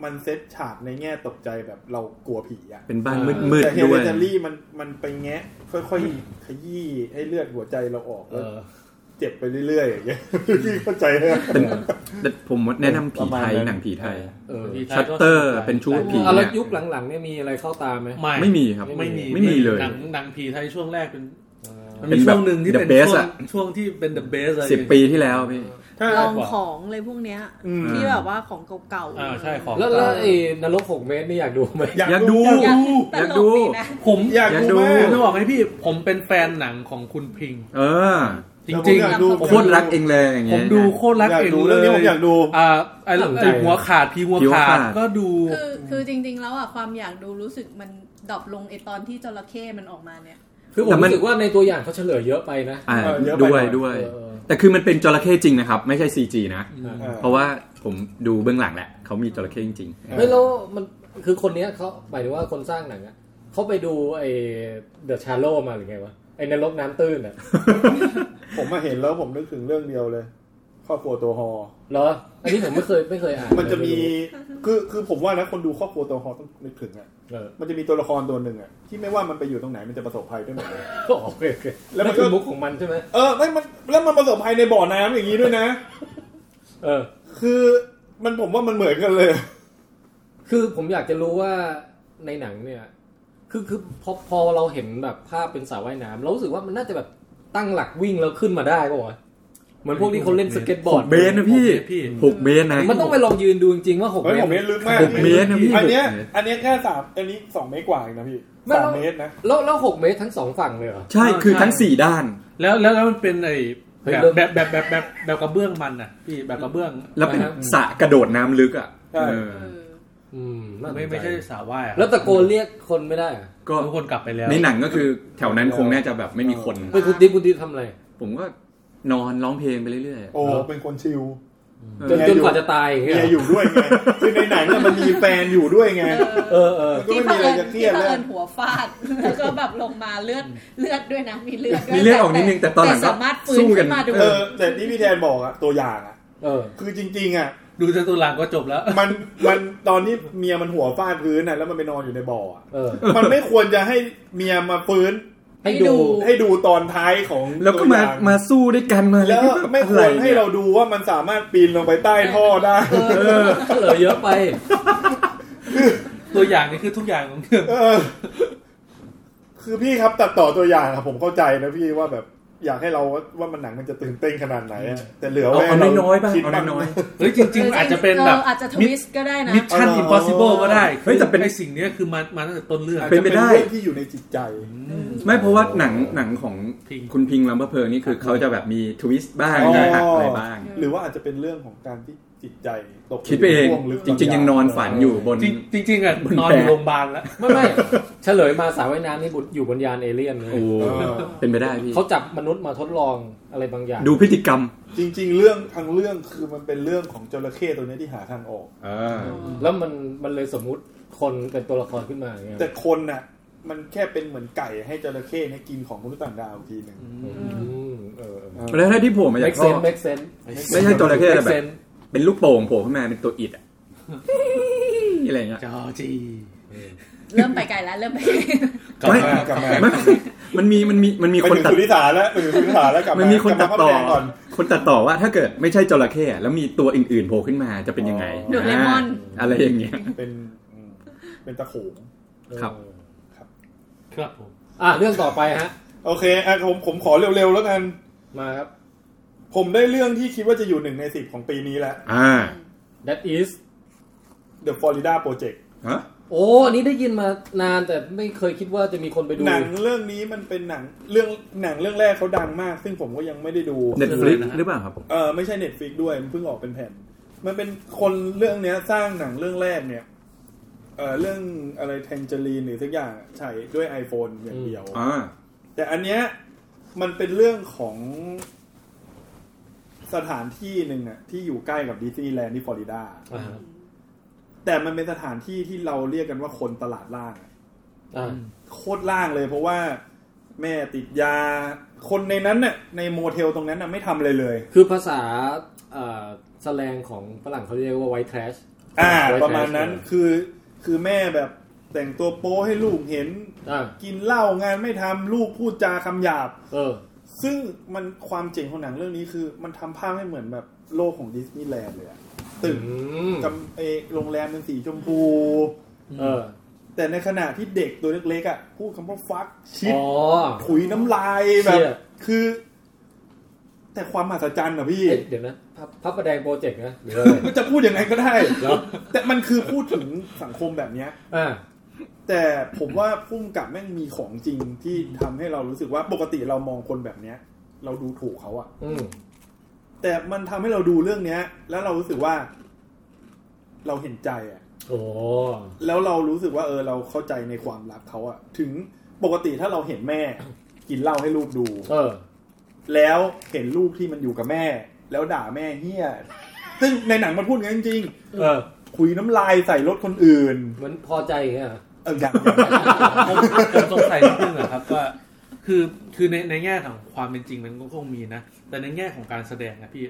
Speaker 6: มันเซตฉากในแง่ตกใจแบบเรากลัวผีอะ
Speaker 4: เป็นบ้าน
Speaker 3: เออ
Speaker 4: มืด
Speaker 6: แต่เฮ
Speaker 4: ๆด้
Speaker 6: เล
Speaker 4: วย
Speaker 6: ดิทารี่มันมันไปแงะค่อยๆขยี้ให้เลือดหัวใจเราออก
Speaker 3: เอ
Speaker 6: แล้ว
Speaker 3: อ
Speaker 6: เจ็บไปเรื่อยๆอย่างเงี้ยพี่เข้าใจไหม
Speaker 4: เป็นแต่ผมแนะนำผีไทยหนังผีไทย
Speaker 3: เออ
Speaker 2: ผีไทย
Speaker 4: ชัต
Speaker 2: ก็
Speaker 4: เตอร์เป็นชู้ผี
Speaker 3: เอาแล้
Speaker 4: เนี่
Speaker 3: วย ยุคหลังๆเนี่ยมีอะไรเข้าตามไหม
Speaker 2: ไม่
Speaker 4: ไม่มีครับ
Speaker 2: ไม่มี
Speaker 4: ไม่มีเลย
Speaker 2: หนังหนังผีไทยช่วงแรกเป็น
Speaker 3: เออ
Speaker 2: มัน
Speaker 4: เป็
Speaker 2: มี
Speaker 4: นแบ
Speaker 2: ช่
Speaker 4: บ
Speaker 2: วงหนึ่งที่
Speaker 4: The
Speaker 2: เป็น
Speaker 4: Best
Speaker 2: ช่วง
Speaker 4: อะ
Speaker 2: ช่วงที่เป็น the best อะไร
Speaker 4: สิบปีที่แล้วพี่
Speaker 6: ถ้า
Speaker 7: ลองของเลยพวกเนี้ยที่แบบว่าของเก่าๆ
Speaker 2: อ่าใช่ของ
Speaker 3: แล้วแล้วไอ้นรกหกเมตรนี่อยากดูไหม
Speaker 4: อยากดู
Speaker 7: อยาก
Speaker 4: อยาก
Speaker 7: ดู
Speaker 4: ดู
Speaker 7: นะ
Speaker 2: ผม
Speaker 6: อยากดูมา
Speaker 2: ผ
Speaker 6: ก
Speaker 2: มจะบอกให้พี่ผมเป็นแฟนหนังของคุณพิง
Speaker 4: เออ
Speaker 2: จริง
Speaker 6: ผมอยากดู
Speaker 4: โคตรรักเองเลยอย่าง
Speaker 2: ๆ ผ
Speaker 4: เงี้
Speaker 2: ม
Speaker 4: ย
Speaker 2: ดูโคตรรัก
Speaker 6: อยาก
Speaker 2: เอง
Speaker 6: ดู
Speaker 2: เล
Speaker 6: เรื่อง
Speaker 2: ย
Speaker 6: นี้ผมอยากดู
Speaker 2: อ่าไอ้
Speaker 3: ตั้งใจ
Speaker 2: ไอ้หัวขาดพีหัว
Speaker 4: ผีหัว
Speaker 2: ขา
Speaker 4: ขา
Speaker 2: ด
Speaker 4: ด
Speaker 2: ก็ดู
Speaker 7: คือคือจริงๆแล้วอ่ะความอยากดูรู้สึกมันดรอปลงไอตอนที่จระเข้มันออกมาเนี่ย
Speaker 3: คือผม
Speaker 4: แต่มัน
Speaker 3: รู้สึกว่าในตัวอย่างเขาเฉลยเยอะไปนะ
Speaker 4: อ่า
Speaker 6: เออเยอะไป
Speaker 4: ด้วย
Speaker 6: หน่อย
Speaker 4: ด้วย
Speaker 3: เออ
Speaker 4: แต่คือมันเป็นจระเข้จริงนะครับ ไม่ใช่ CG นะ
Speaker 6: เออ
Speaker 4: เพราะว่าผมดูเบื้องหลังแหละเขามีจระเข้จริง
Speaker 3: เฮ้ยแล้วมันคือคนเนี้ยเขาหมายถึงว่าคนสร้างหนังอะเขาไปดูไอ้เดอะชาโลมาหรือไงวะไอ้นรกน้ำตื้นอะ
Speaker 6: ผมมาเห็นแล้วผมนึกถึงเรื่องเดียวเลย ครอบครัวตัวฮอ
Speaker 3: เหรอ อันนี้ผมไม่เคยไม่เคยอ่าน
Speaker 6: มันจะมีคือคือผมว่านะคนดูครอบครัวตัวฮอต้องนึกถึงอ่ะ
Speaker 3: เออ
Speaker 6: มันจะมีตัวละครตัวหนึ่งอ่ะที่ไม่ว่ามันไปอยู่ตรงไหนมันจะประสบภัยด้วยหมดเลย
Speaker 3: โอ เคโอเค
Speaker 6: แล้
Speaker 3: แล้ว วมัน น
Speaker 6: มัก็
Speaker 3: คือมุกของมันใช่ไหม
Speaker 6: เออไม่มันแล้วมันประสบภัยในบ่อน้ำอย่างนี้ด้วยนะ
Speaker 3: เออ
Speaker 6: คือมันผมว่ามันเหมือนกันเลย
Speaker 3: คือผมอยากจะรู้ว่าในหนังเนี่ย คือคือพอพอเราเห็นแบบภาพเป็นสระว่ายน้ำเรารู้สึกว่ามันน่าจะแบบตั้งหลักวิ่งแล้วขึ้นมาได้ป่าวะเหมือนพวกที่เขาเล่นสเก็ตบ
Speaker 4: ๆ
Speaker 3: อ
Speaker 4: ห
Speaker 3: ร์ด
Speaker 4: กเมตรนะพี่
Speaker 2: พี่
Speaker 4: หกเมตรนะ
Speaker 3: มันต้องไปลองยืนดูจริงๆว่าหก
Speaker 6: เฮ้ย
Speaker 3: เมตร
Speaker 6: ผมเมตรลึกมาก
Speaker 4: หกเมตรนะพี่
Speaker 6: อันเนี้ย
Speaker 4: หกเมตร
Speaker 6: อันเนี้ยแค่สามอันนี้สองเมตรกว่าเองนะพี่
Speaker 3: ไม่
Speaker 6: สาม
Speaker 3: เรา
Speaker 6: เมตรนะ
Speaker 3: แล้วแล้วหกเมตรทั้งสองฝั่งเลยเหรอ
Speaker 4: ใช่ คือ
Speaker 2: ใช่
Speaker 4: ทั้งสี่ด้าน
Speaker 2: แล้วแล้วแล้วมันเป็นไอ้
Speaker 3: เฮ้ย
Speaker 2: แบบ
Speaker 3: เริ่ม
Speaker 2: แบบแบบแบบแบบแบบกระเบื้องมันน่ะ พี่แบบกระเบื้อง
Speaker 4: แล้วเป็น
Speaker 3: อ่าฮะ
Speaker 4: สระกระโดดน้ำลึกอ่ะ
Speaker 6: ใช่
Speaker 4: เออ
Speaker 7: เออ
Speaker 3: อืมน่าสนจ
Speaker 2: ไม่ไม่ใช่สาวว่ายอะ
Speaker 3: แล้วตะโกนเรียกคนไม่ได้เหรอ
Speaker 4: ก็
Speaker 2: ทุกคนกลับไปแล้ว
Speaker 4: ในหนังก็คือแถวนั้นคงน่าจะแบบไม่มีคน
Speaker 3: เฮ้ยคุณดิบคุณดิบทำอะไร
Speaker 4: ผมก็นอนร้องเพลงไปเรื่อยๆ
Speaker 6: โอ้เป็นคนชิล
Speaker 3: จนจ
Speaker 6: เมียอนยู่
Speaker 3: กว่าจะตายอย่าง
Speaker 6: เมี
Speaker 3: เงี้ย
Speaker 6: ยอยู่ด้วยไง คือในหนังเนี่ยมันมีแฟนอยู่ด้วยไง
Speaker 3: เออเออ
Speaker 6: มันก็
Speaker 7: ที่
Speaker 6: ไม่
Speaker 7: เผ
Speaker 6: มี
Speaker 7: อิญ
Speaker 6: อะไรจะเครี
Speaker 7: ที่
Speaker 6: ยด
Speaker 7: เผอิ
Speaker 6: แล้ว
Speaker 7: ญหัวฟาด แล้วก็แบบลงมาเลือดเลือดด้วยนะ มีเลือดด้วย
Speaker 4: มีเลือดออกนิดนึงแต่ตอนหลังก็
Speaker 7: สามารถฟื้น
Speaker 4: สู้กั
Speaker 7: ขึ้
Speaker 4: น
Speaker 7: นมาดู
Speaker 6: เออ แต่ที่พี่แดนบอกอะตัวอย่างอะ
Speaker 3: เออ
Speaker 6: คือจริงๆอะ
Speaker 2: ดูจนตัวหลังก็จบแล้ว
Speaker 6: มันมันตอนที่เมียมันหัวฟาดพื้นอะแล้วมันไปนอนอยู่ในบ่ออะ
Speaker 3: เออ
Speaker 6: มันไม่ควรจะให้เมียมาฟื้น
Speaker 3: ให้ดู
Speaker 6: ให้ดูตอนท้ายของ
Speaker 4: แล้วก็มา
Speaker 6: ตัวอย่ง
Speaker 4: มาสู้ด้วยกันมา
Speaker 6: แล้ว
Speaker 4: บบ
Speaker 6: ไม่
Speaker 4: อะ
Speaker 6: ควรให้
Speaker 4: นี่ย
Speaker 6: เราดูว่ามันสามารถปีนลงไปใต้ท่อได้
Speaker 3: เออเฉลยเยอะไป
Speaker 2: ตัวอย่างนี่คือทุกอย่างของเรื่อง
Speaker 6: เออ คือพี่ครับตัดต่อตัวอย่างอะผมเข้าใจนะพี่ว่าแบบอยากให้เราว่ามันหนังมันจะตื่นเต้นขนาดไหนอะแต่เหลือ
Speaker 4: เอา
Speaker 6: ไว้
Speaker 4: เอา
Speaker 6: ให้
Speaker 4: น้อยๆบ้าง
Speaker 6: คิด
Speaker 4: เอาน้อย
Speaker 2: เฮ้ยจริง ๆ อาจจะเป็นแบบ
Speaker 7: อาจจะทวิสต์ก็ได้นะ
Speaker 2: มิชชั่นอิมพอสิเบิลก็ได้
Speaker 4: เฮ้ยแต่เป็น
Speaker 2: ไอสิ่งเนี้ยคือมามาตั้งแต่ต้นเรื่อง
Speaker 6: อาจจะ
Speaker 4: เป็
Speaker 6: เป็น
Speaker 4: นไปได้
Speaker 6: เรื่องที่อยู่ในจิตใจ
Speaker 4: ๆ ไม่เพราะว่าหนังหนังของ
Speaker 2: พิง
Speaker 4: คุณพิงลำพะเพลิงนี่คือเขาจะแบบมีทวิสต์บ้าง
Speaker 6: อ๋อ
Speaker 4: มีหักอะไรบ้าง
Speaker 6: หรือว่าอาจจะเป็นเรื่องของการที่จิตใจตกยู่
Speaker 4: คิดไปเอง
Speaker 6: ในห่วลึก
Speaker 4: จริง ๆ ยังนอนฝันอยู่บน
Speaker 2: จริงจริงๆอ่ะนอนอยู่โรงพยาบาลแล้ว
Speaker 3: ไม่ไม่เฉลยมาสาวว่ายน้ำนี่บุอยู่บนยานเอเลี่ยนเลย
Speaker 4: โอ้
Speaker 6: เออ
Speaker 4: เป็นไปได้พี่
Speaker 3: เขาจับมนุษย์มาทดลองอะไรบางอย่าง
Speaker 4: ดูพฤติกรรม
Speaker 6: จริง ๆ เรื่องทางเรื่องคือมันเป็นเรื่องของจระเข้ตัวเนี้ยที่หาทางออก
Speaker 4: เออ
Speaker 3: แล้วมันมันเลยสมมุติคนเป็นตัวละครขึ้นมาอย่างเงี้ย
Speaker 6: แต่คนน่ะ มันแค่เป็นเหมือนไก่ให้จระเข้เนี่ยกินของมนุษย์ต่างดาวอีกทีหนึ่ง
Speaker 3: อืมเออ
Speaker 4: แล้วถ้าที่โผล่มา
Speaker 3: เม็
Speaker 4: จาก ก
Speaker 3: เซ
Speaker 4: ท่อน
Speaker 3: เม็กเซน
Speaker 4: ไม่ใช่จระเข้แต่แบบ
Speaker 3: เซน
Speaker 4: เป็นลูกโป่งโผล่ขึ้นมาเป็นตัวอิดอะ อะไรอย่างเงี้ย
Speaker 2: จอจี
Speaker 7: เริ่มไปไกลแล้วเริ่มไปไกล
Speaker 2: กลับ
Speaker 4: ไม่
Speaker 2: มา
Speaker 6: กลับมา
Speaker 4: ไม่มันมีมันมีมันมี
Speaker 6: ไป
Speaker 4: คน
Speaker 6: ถึง
Speaker 4: ตัด
Speaker 6: สุริสาแล้วไปถึงสุริสาแล้วกลับมา
Speaker 4: มันมีคนตัดต่อ
Speaker 6: กลับมาภาพแดงก่อน
Speaker 4: คนตัดต่อว่าถ้าเกิดไม่ใช่จระเข้อะแล้วมีตัวอื่นๆโผล่ขึ้นมาจะเป็นยังไง
Speaker 6: โดเรมอน
Speaker 4: าอะไรอย่างเงี้ย
Speaker 6: เป็นอืมเป็นตะโขง
Speaker 4: ครับ
Speaker 2: ครับผม
Speaker 3: อ่ะเรื่องต่อไปฮะ
Speaker 6: โอเคอ่ะผมผมขอเร็วๆแล้วกัน
Speaker 3: มาครับ
Speaker 6: ผมได้เรื่องที่คิดว่าจะอยู่หนึ่งในสิบของปีนี้แหละ
Speaker 4: อ่า
Speaker 3: that is
Speaker 6: The Florida Project
Speaker 4: ฮะ
Speaker 3: โอ้อันนี้ได้ยินมานานแต่ไม่เคยคิดว่าจะมีคนไปดู
Speaker 6: หนังเรื่องนี้มันเป็นหนังเรื่องหนังเรื่องแรกเขาดังมาก ซึ่งผมก็ยังไม่ได้ดู
Speaker 4: Netflix หรือเปล่าครับ
Speaker 6: เออไม่ใช่ Netflix ด้วย มันเพิ่งออกเป็นแผ่น มันเป็นคนเรื่องเนี้ยสร้างหนังเรื่องแรกเนี่ยเออเรื่องอะไรแทนเจลีนหรือสักอย่างใช้ด้วย iPhone อย่างเดียว
Speaker 4: อ่า
Speaker 6: แต่อันเนี้ยมันเป็นเรื่องของสถานที่หนึ่งอะที่อยู่ใกล้กับดิสนีย์แลนด์ที่ฟลอริดา
Speaker 3: อ่าฮะ
Speaker 6: แต่มันเป็นสถานที่ที่เราเรียกกันว่าคนตลาดล่างอะ
Speaker 3: อ่า
Speaker 6: โคตรล่างเลยเพราะว่าแม่ติดยา คนในนั้นน่ะในโมเทลตรงนั้นน่ะไม่ทำอะไรเลย
Speaker 3: คือภาษาเอ่อแสแลงของฝรั่งเขาเรียกว่า white trash
Speaker 6: อ่า
Speaker 3: White
Speaker 6: ประมาณนั้น
Speaker 3: trash
Speaker 6: คือคือแม่แบบแต่งตัวโป๊ให้ลูกเห็น
Speaker 3: อ่า
Speaker 6: กินเหล้างานไม่ทำลูกพูดจาคำหยาบ
Speaker 3: เออ
Speaker 6: ซึ่งมันความเจ๋งของหนังเรื่องนี้คือ มันทำภาพให้เหมือนแบบโลกของดิสนีย์แลนด์เลยอะตึก
Speaker 3: อืม
Speaker 6: กำเอโรงแรมเป็นสีชมพู
Speaker 3: เออ
Speaker 6: แต่ในขณะที่เด็กตัวเล็กๆอ่ะพูดคำว่าฟักชิด
Speaker 3: อ๋อ
Speaker 6: ถุยน้ำลายแบบ
Speaker 3: เชี่ย
Speaker 6: คือ แต่ความมหัศจรรย์อะพี่
Speaker 3: เอ๊ะเดี๋ยวนะพับพับประแดงโปรเจกต์นะเดี๋ยว
Speaker 6: มันจะพูดยังไงก็ได้
Speaker 3: เดี๋ยว
Speaker 6: แต่มันคือพูดถึงสังคมแบบเนี้ย
Speaker 3: อ่า
Speaker 6: แต่ผมว่าพุ่มกับแม่งมีของจริงที่ทำให้เรารู้สึกว่าปกติเรามองคนแบบเนี้ย เราดูถูกเขาอะ
Speaker 3: อืม
Speaker 6: แต่มันทำให้เราดูเรื่องเนี้ย แล้วเรารู้สึกว่า เราเห็นใจอะ
Speaker 3: โอ้
Speaker 6: แล้วเรารู้สึกว่าเออเราเข้าใจในความรักเขาอะถึงปกติถ้าเราเห็นแม่ กินเหล้าให้ลูกดู
Speaker 3: เออ
Speaker 6: แล้วเห็นลูกที่มันอยู่กับแม่ แล้วด่าแม่เฮี้ย ซึ่งในหนังมันพูดงั้นจริง
Speaker 3: เออ
Speaker 6: ๆคุยน้ำลายใส่รถคนอื่น
Speaker 3: เหมือนพอใจอย่างเงี้ยเหรอ
Speaker 6: เอออย่าง
Speaker 2: ผมผมสงสัยนิดนึงอะครับว่า คือคือในในแง่ของความเป็นจริงมันก็คงมีนะ แต่ในแง่ของการแสดงอะพี่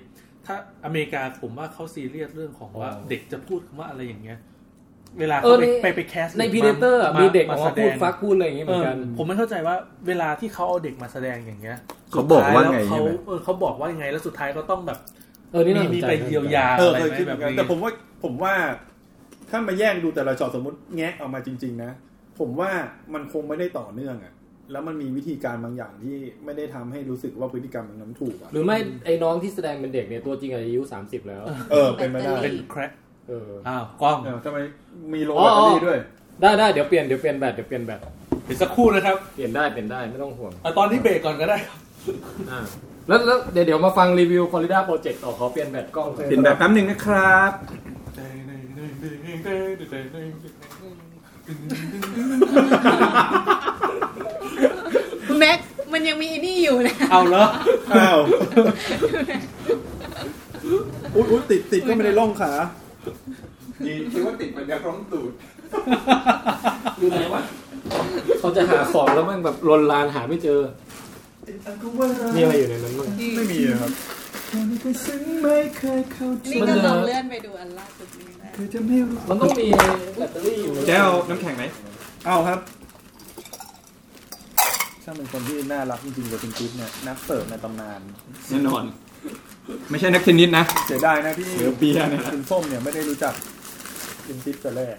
Speaker 2: ถ้าอเมริกาผมว่าเขาซีเรียสเรื่องของว่าเด็กจะพูดคำว่าอะไรอย่างเงี้ย เวลา
Speaker 3: เอ
Speaker 2: เขา
Speaker 3: อ
Speaker 2: ไป
Speaker 3: ใน
Speaker 2: ไปไปแคส
Speaker 3: ในพีเดเตอร์มีเด็กออกมาพูด
Speaker 2: ง
Speaker 3: ฟักพูดอะไรอย่างเงี้ยเห
Speaker 2: เอ
Speaker 3: มือ
Speaker 2: อน
Speaker 3: กัน
Speaker 2: ผมไม่เข้าใจว่าเวลาที่เขาเอาเด็กมาแสดงอย่างเงี้ย
Speaker 4: เขาบอกว่า
Speaker 2: สุด
Speaker 4: ไง
Speaker 2: ท้ยแล้วเขา
Speaker 4: ใช่ไหม
Speaker 2: เออเขาบอกว่ายังไงแล้วสุดท้ายก็ต้องแบบ
Speaker 3: เออนี่
Speaker 2: มี
Speaker 3: น่าสน
Speaker 2: มี
Speaker 3: ใจ
Speaker 2: ไปเยียวยา
Speaker 6: เออ
Speaker 2: อะไรไหม
Speaker 6: เคยคิดเห
Speaker 2: แบ
Speaker 6: มือบ นกัน
Speaker 2: นี้
Speaker 6: แต่ผมว่าผมว่า ถ้ามาแยกดูแต่ละจอดสมมติแงะออกมาจริง ๆ นะ ผมว่ามันคงไม่ได้ต่อเนื่องอะแล้วมันมีวิธีการบางอย่างที่ไม่ได้ทำให้รู้สึกว่าพฤติกรรมมันน้ำถูกอะ
Speaker 3: หรือไม่ไอ้น้องที่แสดงเป็นเด็กเนี่ยตัวจริงอายุ 30 แล้ว
Speaker 6: เออเป็นไม่ได้
Speaker 2: เป็นแคร์
Speaker 3: เออ
Speaker 2: อ้าวกล้อง
Speaker 6: เออทำไมมีโลแบตเตอรี่ด้วย
Speaker 3: ได้ได้เดี๋ยวเปลี่ยนเดี๋ยวเปลี่ยนแบตเดี๋ยวเปลี่ยนแบต
Speaker 2: เดี๋ยวสักครู่นะครับ
Speaker 3: เปลี่ยนได้เปลี่ยนได้ไม่ต้องห่วง
Speaker 2: เอาตอนที่เบรกก่อนก็ได้ครับ
Speaker 3: อ่าแล้วแล้วเดี๋ยวเดี๋ยวมาฟังรีวิวฟลอริดาโปรเจกต์ต่อขอเปลี่ยนแบตกล้อง
Speaker 4: เป็นแบบแป๊บหนึ่งนะครับ
Speaker 7: แม็กมันยังมีไอ้นี่อยู่นะ
Speaker 2: เอาเหรอ
Speaker 6: อ้าวอุ๊ยอุ๊ยติดติดก็ไม่ได้ล่องขา
Speaker 4: ดีคิดว่าติดมันจะร้องตูด
Speaker 3: อยู่ไหนวะเขาจะหาของแล้วมันแบบลนลานหาไม่เจอมีอะไรอยู่ในนั้นบ้าง
Speaker 6: ไม่มีอะครับ
Speaker 7: นี่ก็ลองเลื่อนไปดูอันล่าสุดนี้นะ
Speaker 3: มันต้องมีแบตเตอรี่อยู่
Speaker 4: แก้วน้ำแข็งไหม
Speaker 6: เอาครับ ช่างเป็นคนที่น่ารักจริงๆกับคุณจิ๊บเนี่ยนักเสิร์ฟในตำนาน
Speaker 4: แน่นอน ไม่ใช่นักเทนนิสนะ
Speaker 6: เสียดายนะที่
Speaker 4: เหลือเบียร์นะ
Speaker 6: คุณส้มเนี่ยไม่ได้รู้จักคุณจิ๊บแต่แรก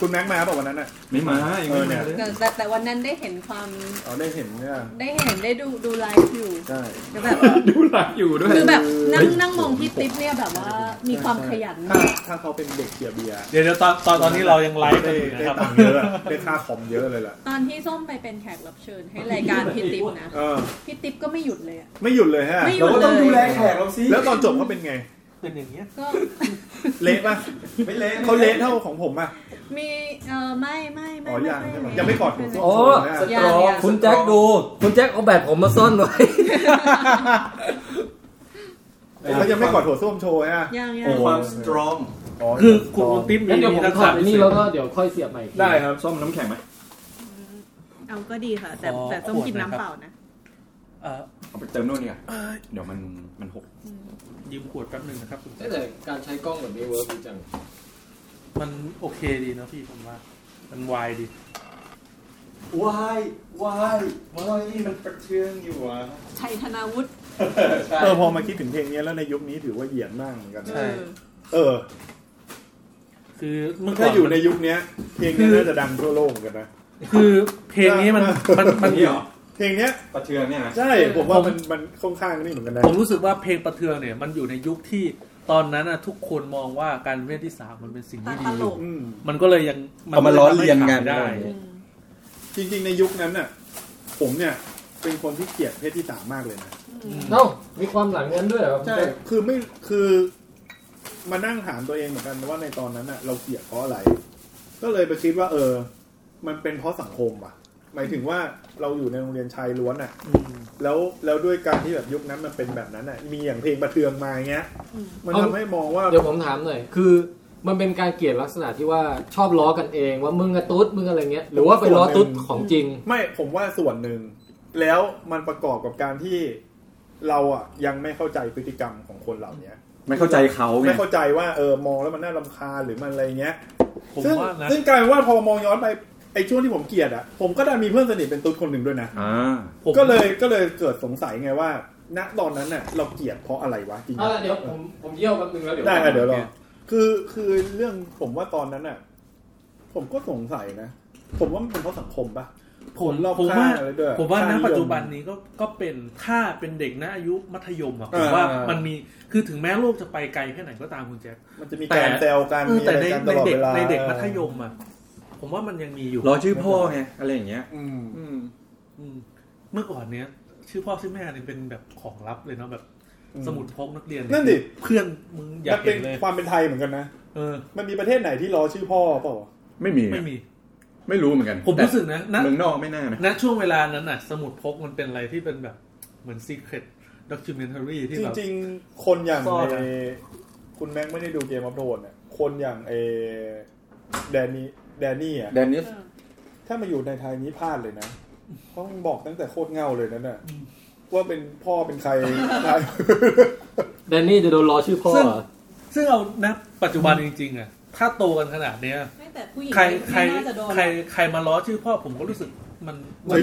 Speaker 6: คุณแม็กมาป่ะวันนั้นอ่ะ
Speaker 4: ไม่มายังไม่
Speaker 6: เออเนี่
Speaker 4: มาย เลย
Speaker 7: แต่แต่แต่วันนั้นได้เห็นความ
Speaker 6: อ๋อได้เห็นเนี่ย
Speaker 7: ได้เห็นได้ดูดูไลฟ์อยู่
Speaker 6: ใช่
Speaker 7: ก็แบบ
Speaker 4: ดูหลักอยู่ด้วย
Speaker 7: คือแบบนั่งนั่งมองพี่ติ๊บเนี่ยแบบว่ามีความขยัน
Speaker 6: ถ้าถ้าเขาเป็นเด็กเกียร์เบียร์
Speaker 2: เดี๋ยวเดี๋ยวตอนตอนตอนนี้เรายังไลฟ์กั
Speaker 6: ได้
Speaker 2: นอยู่นะ
Speaker 6: ได้
Speaker 2: ครับ
Speaker 6: ตังค์เยอะอะได้ค่าคอมเยอะเลยล่ะ
Speaker 7: ตอนที่ส้มไปเป็นแขกรับเชิญให้รายการพี่ติ๊บนะ
Speaker 6: เออ
Speaker 7: พี่ติ๊บก็ไม่หยุดเลยอะ
Speaker 6: ไม่หยุดเลยฮะ
Speaker 7: ไม่หยุด
Speaker 4: เราก็ต้องดูแลแขกเราสิ
Speaker 6: แล้วตอนจบเขาเป็นไง
Speaker 2: เป็นอย่างเงี้ย
Speaker 7: ก็
Speaker 6: เละป่ะ
Speaker 4: ไม่เละ
Speaker 6: เขาเละเท่าของผมป่ะ
Speaker 7: มีเออไม่ไม่ไม่
Speaker 6: อ๋อ
Speaker 7: ไม่
Speaker 6: ยังใช่ไหม
Speaker 7: ไม่
Speaker 6: ยังไม่กอดผม
Speaker 3: อ๋อส
Speaker 7: ยั
Speaker 3: ตรองง
Speaker 7: ยัง
Speaker 3: คุณแจ็คดู คุณแจ็คเอาแบบผมมาซ่อนไว้
Speaker 6: เขายังไม่กอดถั่วส้วมโชว์ฮะ
Speaker 7: ยังยั
Speaker 4: โอ้
Speaker 7: ง
Speaker 4: ความสตรอง
Speaker 2: คือคุณคุณติ๊บมี
Speaker 3: งั้นเดี๋ยวผม
Speaker 2: ทัก
Speaker 3: ถ
Speaker 2: ษะ
Speaker 3: อดอันนี่แล้วก็เดี๋ยวค่อยเสียบใหม่อีกที
Speaker 6: ได้ครับ
Speaker 4: ส้มน้ำแข็งไหม
Speaker 7: เอาก็ดีค่ะ แต่แต่ส้มกินน้ำเปล่านะ
Speaker 2: เอ่อ
Speaker 4: เอาไปเติมนู่นนี่ก่อนเดี๋ยวมันมันหก
Speaker 2: ยืมขวดแป๊บหนึ่งนะครับคุณ
Speaker 3: แต่แต่การใช้กล้องแบบนี้เวิร์กดีจัง
Speaker 2: มันโอเคดีนะพี่ผมว่า มันวายดี
Speaker 4: ว้ายวายวายนี่มันประเทืองอยู่อ่ะ
Speaker 7: ชัยธนาวุฒิ
Speaker 6: เออพอมาคิดถึงเพลงนี้แล้วในยุคนี้ถือว่าเหยียดมากเหมือนกันนะ
Speaker 2: ใช่
Speaker 6: เออ
Speaker 2: คือเมื่อก่
Speaker 6: ถ้า
Speaker 2: อน
Speaker 6: อยู่ในยุคเนี้ย เพลงนี้น่าจะดังทั่วโลกเหมือนกันนะ
Speaker 2: คือเพลงนี้มันมัน
Speaker 4: มั
Speaker 2: มัน น
Speaker 4: นี่เหรอ
Speaker 6: เพลงเนี้ย
Speaker 4: ประเทืองเนี่ยนะ
Speaker 6: ใช่ผมว่ามันมันค่อนข้างนี่เหมือนกันนะ
Speaker 2: ผมรู้สึกว่าเพลงประเทืองเนี่ย มันอยู่ในยุคที่ตอนนั้นน่ะทุกคนมองว่าการเป็นเพศที่สามมันเป็นสิ่ง
Speaker 7: ตาต
Speaker 2: ที่ดีอ
Speaker 7: ล
Speaker 2: ยู่
Speaker 7: ก
Speaker 6: อืม
Speaker 2: มันก็เลยยัง
Speaker 4: เอามาล้อเลียนกัน
Speaker 2: ได้
Speaker 6: จริง ๆ ในยุคนั้นน่ะ ผมเนี่ยเป็นคนที่เกลียดเพศที่สามมากเลยนะ
Speaker 3: เอ้า มีความหลังงั้นด้วยเหรอ
Speaker 6: ใช่คือไม่คือมานั่งถามตัวเองเหมือนกันว่าในตอนนั้นน่ะ เราเกลียดเพราะอะไร ก็เลยไปคิดว่า เออ มันเป็นเพราะสังคมอ่ะ หมายถึงว่าเราอยู่ในโรงเรียนชายล้วนอ่ะ
Speaker 2: อืม
Speaker 6: แล้วแล้วด้วยการที่แบบยุคนั้นมันเป็นแบบนั้นอ่ะ มีอย่างเพลงประเทืองมาอย่างเงี้ย มันทำให้มองว่า
Speaker 3: เดี๋ยวผมถามหน่อย คือมันเป็นการเกลียดลักษณะที่ว่าชอบล้อกันเองว่ามึงอะตุ๊ดมึงอะไรเงี้ย หรือว่าไปล้อตุ๊ดของจริง
Speaker 6: ไม่ผมว่าส่วนหนึ่ง แล้วมันประกอบกับการที่เราอ่ะยังไม่เข้าใจพฤติกรรมของคนเหล่านี้
Speaker 4: ไม่เข้าใจเขาไง
Speaker 6: ไม่เข้าใจว่าเออมองแล้วมันน่ารำคาญหรือมันอะไรเงี้ย
Speaker 2: ผม
Speaker 6: ซึ่ง
Speaker 2: ว่านะ
Speaker 6: ซึ่งกลายเป็นว่าพอมองย้อนไปไอ้ช่วงที่ผมเกลียดอ่ะผมก็ได้มีเพื่อนสนิทเป็นตุ๊ดคนหนึ่งด้วยนะ
Speaker 4: อ่า
Speaker 2: ผม
Speaker 6: ก็เลยก็เลยเกิดสงสัยไงว่า ณตอนนั้นน่ะ เราเกลียดเพราะอะไรวะจริงๆ
Speaker 3: เอาละเดี๋ยวผมผมเยี่ยวแป๊บนึงแล้วเดี๋ยว
Speaker 6: ได้อ่ะเดี๋ยวรอ คือคือเรื่องผมว่าตอนนั้นอ่ะ ผมก็สงสัยนะ ผมว่ามันเป็นเพราะสังคมปะ
Speaker 2: ผม
Speaker 6: เรา
Speaker 2: ผมว่า
Speaker 6: ข้างอะไรด้วย
Speaker 2: ผมว่า
Speaker 6: ค่
Speaker 2: ณ
Speaker 6: ยม
Speaker 2: ปัจจุบันนี้ก็ก็เป็นถ้าเป็นเด็กณอายุมัธยมอะผ
Speaker 6: เอ
Speaker 2: ม
Speaker 6: อ
Speaker 2: ว่ามันมีคือถึงแม้โลกจะไปไกลแค่ไหนก็ตามคุณแจ็ค
Speaker 6: มันจะมี
Speaker 2: แต่
Speaker 6: การแซวกัน
Speaker 2: เออ
Speaker 6: มี
Speaker 2: แต่
Speaker 6: อะไร
Speaker 2: ใน
Speaker 6: กันต
Speaker 2: ใน
Speaker 6: ลอด
Speaker 2: เด็ก
Speaker 6: เวลา
Speaker 2: ในเด็กมัธยมอะผมว่ามันยังมีอยู่
Speaker 4: รอชื่อพ่อไงอะไรอย่างเงี้ย
Speaker 6: อืม
Speaker 4: อืม
Speaker 2: อืมเมื่อก่อนเนี้ยชื่อพ่อชื่อแม่เนี่ยเป็นแบบของลับเลยเนาะแบบสมุดพกนักเรียน
Speaker 6: นั่นดิ
Speaker 2: เพื่อนมึงอยา
Speaker 6: มั
Speaker 2: ก
Speaker 6: นเป็
Speaker 2: เห็
Speaker 6: น
Speaker 2: นเลย
Speaker 6: ความเป็นไทยเหมือนกันนะ
Speaker 2: เออ
Speaker 6: มันมีประเทศไหนที่รอชื่อพ่อเปล่าวะ
Speaker 4: ไม่มี
Speaker 2: ไม่มี
Speaker 4: ไม่รู้เหมือนกัน
Speaker 2: ผมรู้สึกนะณ
Speaker 4: เมืองนอกไม่น่านะ
Speaker 2: ณช่วงเวลานั้นอะสมุดพกมันเป็นอะไรที่เป็นแบบเหมือนซีเครตด็อก m ิ n เ a นทรีที่
Speaker 6: จ
Speaker 2: แบบ
Speaker 6: ริงๆ คนอย่าง
Speaker 2: ซ่อน
Speaker 6: ใน
Speaker 2: อะ
Speaker 6: คุณแม็กไม่ได้ดูเกมอัพโดนเนี่ยคนอย่างเอแดนนี่แดนนี่อ่ะ
Speaker 4: แดนนิส
Speaker 6: ถ้ามาอยู่ในไทยนี้พลาดเลยนะเพราะมันบอกตั้งแต่โคตรเง่าเลยนั่นน่ะว่าเป็นพ่อเป็นใคร
Speaker 3: แดนนี่จะโดนล้อชื่อพ่อเหรอ
Speaker 2: ซึ่งเอานะปัจจุบันจริงๆอะถ้าโตกันขนาดเนี้ย
Speaker 7: ไม่แต่ผู้หญิง
Speaker 2: ใครใคร
Speaker 7: ไม่น่าจะโดน
Speaker 2: ใครใครมาล้อชื่อพ่อผมก็รู้สึกมัน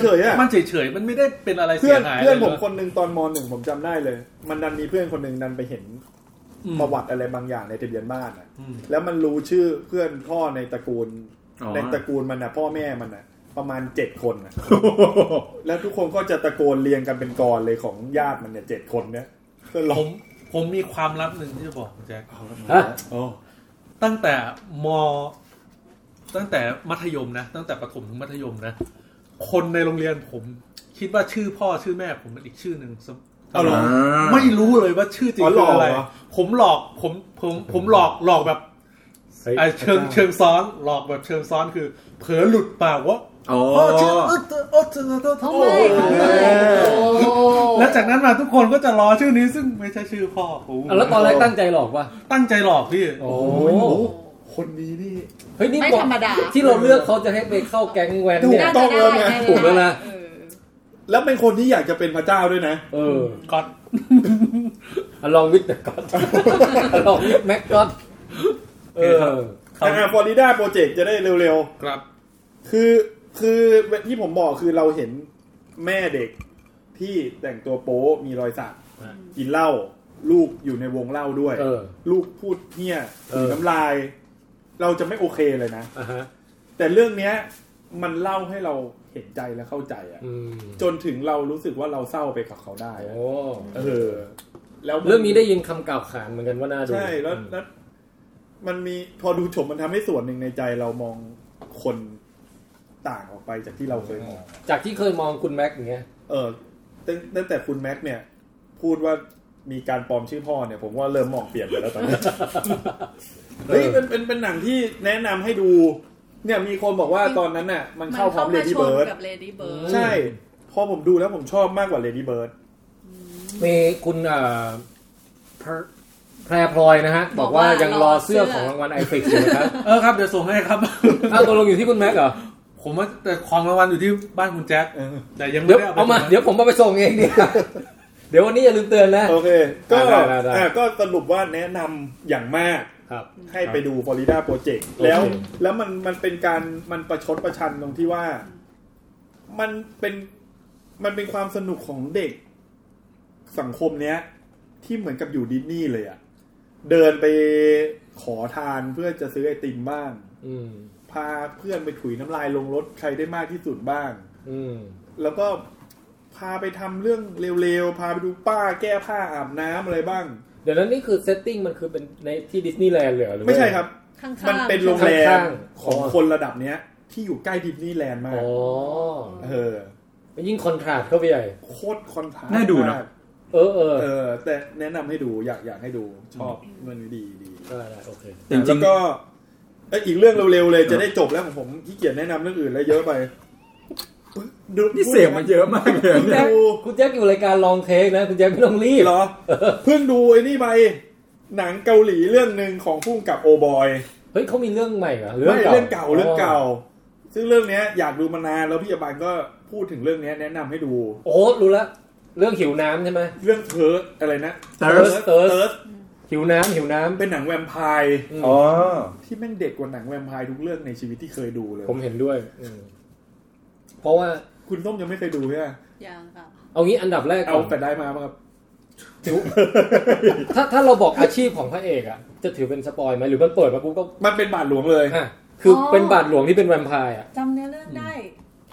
Speaker 6: เฉยๆอะ
Speaker 2: มันเฉยเฉยๆมันไม่ได้เป็นอะไร
Speaker 6: เพื่
Speaker 2: เสี
Speaker 6: อย น
Speaker 2: หาย
Speaker 6: เพื่อน
Speaker 2: ลย
Speaker 6: ผมคนหนึ่งตอนมหนึ่งผมจำได้เลย มันดันมีเพื่อนคนหนึ่งดันไปเห็น
Speaker 2: อืม
Speaker 6: ประวัติอะไรบางอย่างในทะเบียนบ้านอ่ะ
Speaker 2: อืม
Speaker 6: แล้วมันรู้ชื่อเพื่อนพ่อในตระกูล
Speaker 4: อ๋อ
Speaker 6: ในตระกูลมันนะพ่อแม่มันนะประมาณเจ็ดคน นะแล้วทุกคนก็จะตะโกนเรียงกันเป็นกรเลยของญาติมันเนี่ยเจ็ดคนเนี่ยก็หล
Speaker 2: ผ
Speaker 6: ง
Speaker 2: มผมมีความลับหนึ่งที่จะบอกคุณแจ็ค
Speaker 3: ฮะ
Speaker 6: โอ้
Speaker 2: ตั้งแต่มตั้งแต่มัธยมนะ ตั้งแต่ประถมถึงมัธยมนะ คนในโรงเรียนผม คิดว่าชื่อพ่อชื่อแม่ผมเป็นอีกชื่อหนึ่งสม
Speaker 6: เอาหรอ
Speaker 2: ไม่รู้เลยว่าชื่อจริง
Speaker 6: อ๋อหล
Speaker 2: คือ ออะไร
Speaker 6: เหรอ
Speaker 2: ผมหลอกผมผมผมหลอกหลอกแบบไอ้เชิงเชิงซ้อนหลอกแบบเชิงซ้อนคือ เผลอหลุดปากว่า
Speaker 4: อ๋อ
Speaker 2: พ่อชื่ออึดอึดอึดอึด
Speaker 7: เขาไม่เขาไม่
Speaker 2: แล้วจากนั้นมาทุกคนก็จะรอชื่อนี้ซึ่งไม่ใช่ชื่อพ่อผม
Speaker 3: อ่ะแล้วตอนแรกตั้งใจหลอกว่ะ
Speaker 2: ตั้งใจหลอกพี่
Speaker 3: โอ้
Speaker 6: คนนี้นี่
Speaker 3: เฮ้ยนี่
Speaker 7: ไม่ธรรมดา
Speaker 3: ที่เราเลือกเขาจะให้ไปเข้าแก๊งแวน
Speaker 6: ถูก
Speaker 3: เนี่ย
Speaker 7: น่าจะได้
Speaker 6: ต้องแล้วนะ
Speaker 3: ถูกแล้วนะ
Speaker 7: เออ
Speaker 6: แล้วเป็นคนที่อยากจะเป็นพระเจ้าด้วยนะ
Speaker 3: เออ
Speaker 2: ก็อด
Speaker 3: ลองวิทย์ก่อนลองวิทย์แม็กก่อนเออ
Speaker 6: แต่ฟลอริดาโปรเจกต์จะได้เร็ว
Speaker 2: ครับ
Speaker 6: ๆ คือคือที่ผมบอกคือเราเห็นแม่เด็กที่แต่งตัวโป๊มีรอยสักกินเหล้าลูกอยู่ในวงเหล้าด้วย
Speaker 3: เออ
Speaker 6: ลูกพูดเหี้ยหรือน้ำลาย เราจะไม่โอเคเลยนะ
Speaker 3: อ่ะฮะ
Speaker 6: แต่เรื่องเนี้ย มันเล่าให้เราเห็นใจและเข้าใจอะ
Speaker 3: อืม
Speaker 6: จนถึงเรารู้สึกว่าเราเศร้าไปกับเขาได้
Speaker 3: โอ้
Speaker 6: อะเออ แล้วมั
Speaker 3: เรื่องนี้ได้ยินคำกล่าวขานเหมือนกันว่าน่าดู
Speaker 6: ใช่แล้วแล้ว มันมีพอดูจบมันทำให้ส่วนหนึ่งในใจเรามองคนต่างออกไปจากที่เราเคยมอง
Speaker 3: จากที่เคยมองคุณแม็กซ์อย่างเงี้ย
Speaker 6: เออตั้งตั้งแต่คุณแม็กซ์เนี่ย พูดว่ามีการปลอมชื่อพ่อเนี่ย ผมว่าเริ่มมองเปลี่ยนไปแล้วตอนนี้ เฮ้ยเป็นเป็นเป็นหนังที่แนะนำให้ดู เนี่ยมีคนบอกว่าตอนนั้นน่ะ มัน
Speaker 7: มัน
Speaker 6: เข้าพร้อ
Speaker 7: เข้าม
Speaker 6: เล
Speaker 7: มา
Speaker 6: ดี้
Speaker 7: ชน
Speaker 6: เบิร์ด
Speaker 7: กับเลดี้เบิร์ด
Speaker 3: ม
Speaker 6: ใช่ พอผมดูแล้วผมชอบมากกว่าเลดี้เบิร์ด
Speaker 3: มีคุณเอ่อแพรแพรพลอยนะฮะ บอกว่ายังรอเสื้อของรางวัลไอฟิกอยู่นะครับ
Speaker 2: เออครับเดี๋ยวส่งให้ครับ
Speaker 3: อ้าวตกลงอยู่ที่คุณแม็กซ์เหรอ
Speaker 2: ผมว่าแต่ของรางวัลอยู่ที่บ้านคุณแจ็คแต่ยังไม่
Speaker 3: เดี๋ยว
Speaker 2: ได้เอาไป
Speaker 3: เอา
Speaker 2: ส่ง
Speaker 3: มา
Speaker 2: นะ
Speaker 3: เดี๋ยวผมเอาไปส่งเองดีกว่าเดี๋ยววันนี้อย่าลืมเตือนนะ
Speaker 6: โอเค ก็
Speaker 3: ได้ได้ได้
Speaker 6: อ่ะก็สรุปว่าแนะนำอย่างมาก
Speaker 3: ครับ
Speaker 6: ให้ไปดูฟลอริดาโปรเจกต์แล้ว
Speaker 3: โอเค
Speaker 6: แล้วมันมันเป็นการมันประชดประชันตรงที่ว่า มันเป็นมันเป็นความสนุกของเด็กสังคมเนี้ย ที่เหมือนกับอยู่ดิสนีย์เลยอะเดินไปขอทานเพื่อจะซื้อไอติมบ้าง
Speaker 3: อืม
Speaker 6: พาเพื่อนไปถุยน้ำลายลงรถใครได้มากที่สุดบ้าง
Speaker 3: อืม
Speaker 6: แล้วก็พาไปทำเรื่องเร็วๆ พาไปดูป้าแก้ผ้าอาบน้ำอะไรบ้าง
Speaker 3: เดี๋ยวนั้นนี่คือเซตติ้งมันคือเป็นในที่ดิสนีย์แลนด์เลยเหรอหอว่า
Speaker 6: ไม่ใช่ครับ
Speaker 7: ข้างๆ
Speaker 6: มันเป็นโรงแรม
Speaker 3: ข้างๆ
Speaker 6: ของคนระดับเนี้ย ที่อยู่ใกล้ดิสนีย์แลนด์มาก
Speaker 3: อ๋อ
Speaker 6: เออ
Speaker 3: ยิ่งคอนทราสต์เข้าไปใหญ่
Speaker 6: โคตรคอนทราสต์
Speaker 4: น่าดูเนอะ
Speaker 6: มก
Speaker 3: เออเออ
Speaker 6: เออ แต่แนะนำให้ดูอยากอยากให้ดูชอบมันดีดี
Speaker 3: ได้ได้โอเค
Speaker 4: จริงๆ
Speaker 6: แล้วก็เอ้ยอีกเรื่องเร็วๆเลยจะได้จบแล้วของผมขี้เกียจแนะนำเรื่องอื่นแล้วเยอะไปดู
Speaker 4: นี่เสียงมันเยอะมากเลย
Speaker 3: คุณ
Speaker 4: เนี่
Speaker 3: แจ็
Speaker 4: ย
Speaker 3: คคุณแจ็คอยู่รายการลองเทคนะ คุณแจ็คไม่ต้องรีบ
Speaker 6: เหรอ เพิ่งดูไอ้นี่ไปหนังเกาหลีเรื่องหนึ่งของพุ่งกับโอบอย
Speaker 3: เฮ้ยเขามีเรื่องใหม่เหรอหรื
Speaker 6: ไม่เรื่องเก่าเรื่องเก่า ซึ่งเรื่องเนี้ยอยากดูมานานแล้วพี่ยาบาลก็พูดถึงเรื่องเนี้ยแนะนำให้ดู
Speaker 3: โอ้โหรู้ละเรื่องหิวน้ำใช่ไหม
Speaker 6: เรื่องเพิร์ดอะไรนะ
Speaker 4: Thirst
Speaker 3: Thirst
Speaker 6: Thirst
Speaker 3: หิวน้ำหิวน้
Speaker 6: มันเป็นหนังแวมไพร์
Speaker 3: ำอืม
Speaker 4: อ๋อ
Speaker 6: ที่แม่งเด็ดกว่าหนังแวมไพร์ทุกเรื่องในชีวิตที่เคยดูเลย
Speaker 3: ผมเห็นด้วยอืมเพราะว่า
Speaker 6: คุณส้มยังไม่เคยดูใช่ไหม
Speaker 7: ยังค่ะ
Speaker 3: เอางี้อันดับแรก
Speaker 6: เอา
Speaker 3: ก่อน
Speaker 6: แฟลชได้มาป่ะครับ
Speaker 3: ถือ ถ้าถ้าเราบอกอาชีพของพระเอกอะจะถือเป็นสปอยไหมหรือมันเปิดมาปุ๊บก็
Speaker 6: มันเป็นบาทหลวงเลย
Speaker 3: อ่ะคืออ
Speaker 7: อ
Speaker 3: เป็นบาทหลวงที่เป็นแวมไพร์อะ
Speaker 7: จำเนื้อเรื่องได้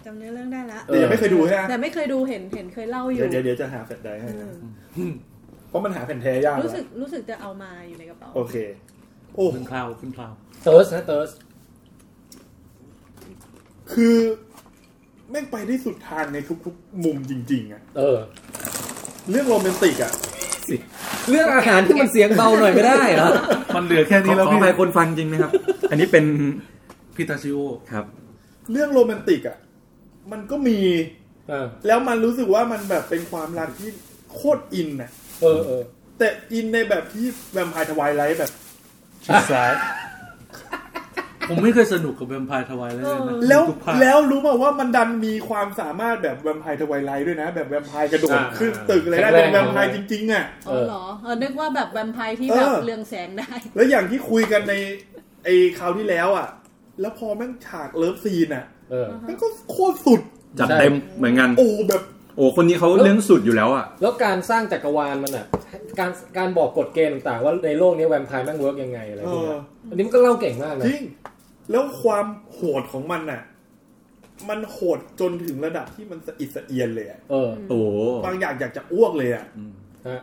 Speaker 7: จำเนื้อเรื่องได้ละ
Speaker 6: แต่ยังไม่เคยดูใช่ไหม
Speaker 7: แต่ไม่เคยดูเห็นเห็นเคยเล่าอยู่
Speaker 6: เดี๋ยวเดี๋ยวเดี๋ยวจะหาแฟลชได้ให้นะ
Speaker 7: อืม
Speaker 6: เพราะมันหาแผ่นแท้ยาก
Speaker 7: รู้สึ
Speaker 6: อะ
Speaker 7: กรู้สึกจะเอามาอยู่ในกระเป๋า
Speaker 6: โอเค โอ้
Speaker 2: ขึ้นคลาวขึ้นคลาว
Speaker 3: เติร์สนะเติร์ส
Speaker 6: คือแม่งไปได้สุดทางในทุกๆ มุมจริงๆอะ
Speaker 3: เออ
Speaker 6: เรื่องโรแมนติกอะ
Speaker 3: เรื่องอาหารที่มันเสียงเบาหน่อยไม่ได้เหรอ
Speaker 2: มันเหลือแค่
Speaker 4: ข
Speaker 2: นี้
Speaker 4: อ
Speaker 2: แล้ว
Speaker 4: ขอ
Speaker 2: พี่
Speaker 4: ไปคนฟังจริงนะครับ อันนี้เป็น
Speaker 2: พี่ตาชิโอ
Speaker 4: ครับ
Speaker 6: เรื่องโรแมนติกอ่ะ มันก็มี
Speaker 3: อ่ะ
Speaker 6: แล้วมันรู้สึกว่ามันแบบเป็นความรักที่โคตรอินนะ
Speaker 3: เออเออ
Speaker 6: แต่อินในแบบที่แวมไพร์ทวายไลท์แบบ
Speaker 2: ชิดซ้าย ผมไม่เคยสนุกกับแวมไพร์ทวายเลยนะ
Speaker 6: แล้ว
Speaker 2: ทุกภาค
Speaker 6: แล้วรู้ป่าว่ามันดันมีความสามารถแบบแวมไพร์ทวายไลท์ด้วยนะ แบบแวมไพร์กระโดดขึ้นตึกอะไรได้เป็นแวมไพร์จริง ๆ อ่ะ
Speaker 7: อ๋อเหรอเออนึกว่าแบบแวมไพร์ที่แบบ
Speaker 6: เออ
Speaker 7: เรืองแสงได้
Speaker 6: แล้วอย่างที่คุยกันในไอ้คราวที่แล้วอ่ะ แล้วพอแม่งฉากเลิฟซีนอ่ะ
Speaker 3: เออ
Speaker 6: แมันก็โคตรสุด
Speaker 4: จัด
Speaker 3: ใช่
Speaker 4: เต็มเหมือนกัน
Speaker 6: โอ้แบบ
Speaker 4: โอ้คนนี้เขาเรื่องสุดอยู่แล้วอ่ะ
Speaker 3: แล้วการสร้างจักรวาลมันอ่ะ การการบอกกฎเกณฑ์ต่างๆ ว่าในโลกนี้แวมไพร์แม่งเวิร์กยังไงอะไร
Speaker 6: เอ
Speaker 3: พวก
Speaker 6: อ
Speaker 3: เนี้ยอันนี้มันก็เล่าเก่งมากนะ
Speaker 6: จริง แล้วความโหดของมันน่ะ มันโหดจนถึงระดับที่มันสะอิดสะเอียนเลยอะ
Speaker 3: เออ
Speaker 4: โอ้
Speaker 6: บางอย่างอยากจะอ้วกเลยอะ
Speaker 3: ฮะ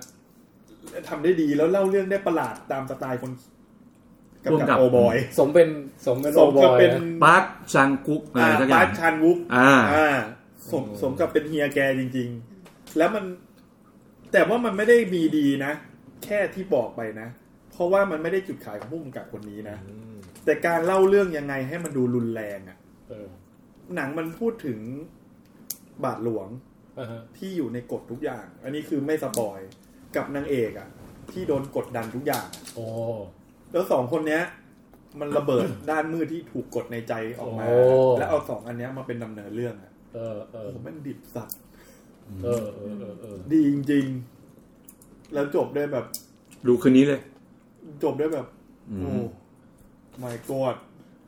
Speaker 6: ทำได้ดีแล้วเล่าเรื่องได้ประหลาดตามสไตล์คนกับ
Speaker 4: ร่วม
Speaker 6: กับ
Speaker 4: กับ
Speaker 6: โอบอย
Speaker 3: สมเป็นสมเป็น
Speaker 6: ส
Speaker 3: โอ
Speaker 6: ม
Speaker 3: บ
Speaker 6: กับ
Speaker 3: อย
Speaker 6: เป็น
Speaker 3: นะ
Speaker 4: ปาร์คชังกุ๊กอะไร
Speaker 6: อ่า
Speaker 4: สักอย่า
Speaker 6: ปาง ร์คชันวุก
Speaker 4: อ่า
Speaker 6: อ่าสมสมกับเป็นเฮียแกจริง ๆ แล้วมัน แต่ว่ามันไม่ได้มีดีนะ แค่ที่บอกไปนะ เพราะว่ามันไม่ได้จุดขายของผู้กำกับคนนี้นะ
Speaker 3: อืม
Speaker 6: แต่การเล่าเรื่องยังไงให้มันดูรุนแรงอะ
Speaker 3: เออ
Speaker 6: หนังมันพูดถึงบาทหลวง
Speaker 3: อ่ะฮะ
Speaker 6: ที่อยู่ในกฎทุกอย่าง อันนี้คือไม่สปอยกับนางเอกอะที่โดนกดดันทุกอย่าง
Speaker 3: โอ้
Speaker 6: แล้วสองคนเนี้ย มันระเบิด ด้านมืดที่ถูกกดในใจออกมา แล้วเอาสองอันเนี้ยมาเป็นดำเนินเรื่องอะ
Speaker 3: เออเอ
Speaker 6: โอ้
Speaker 3: อ
Speaker 6: โหแม่งดิบสัตว์
Speaker 3: เออเออเออเออ
Speaker 6: ดีจริง ๆ แล้วจบด้วยแบบ
Speaker 4: ดูคืนนี้เลย
Speaker 6: จบด้วยแบบ
Speaker 4: อืม
Speaker 6: โอ้ my god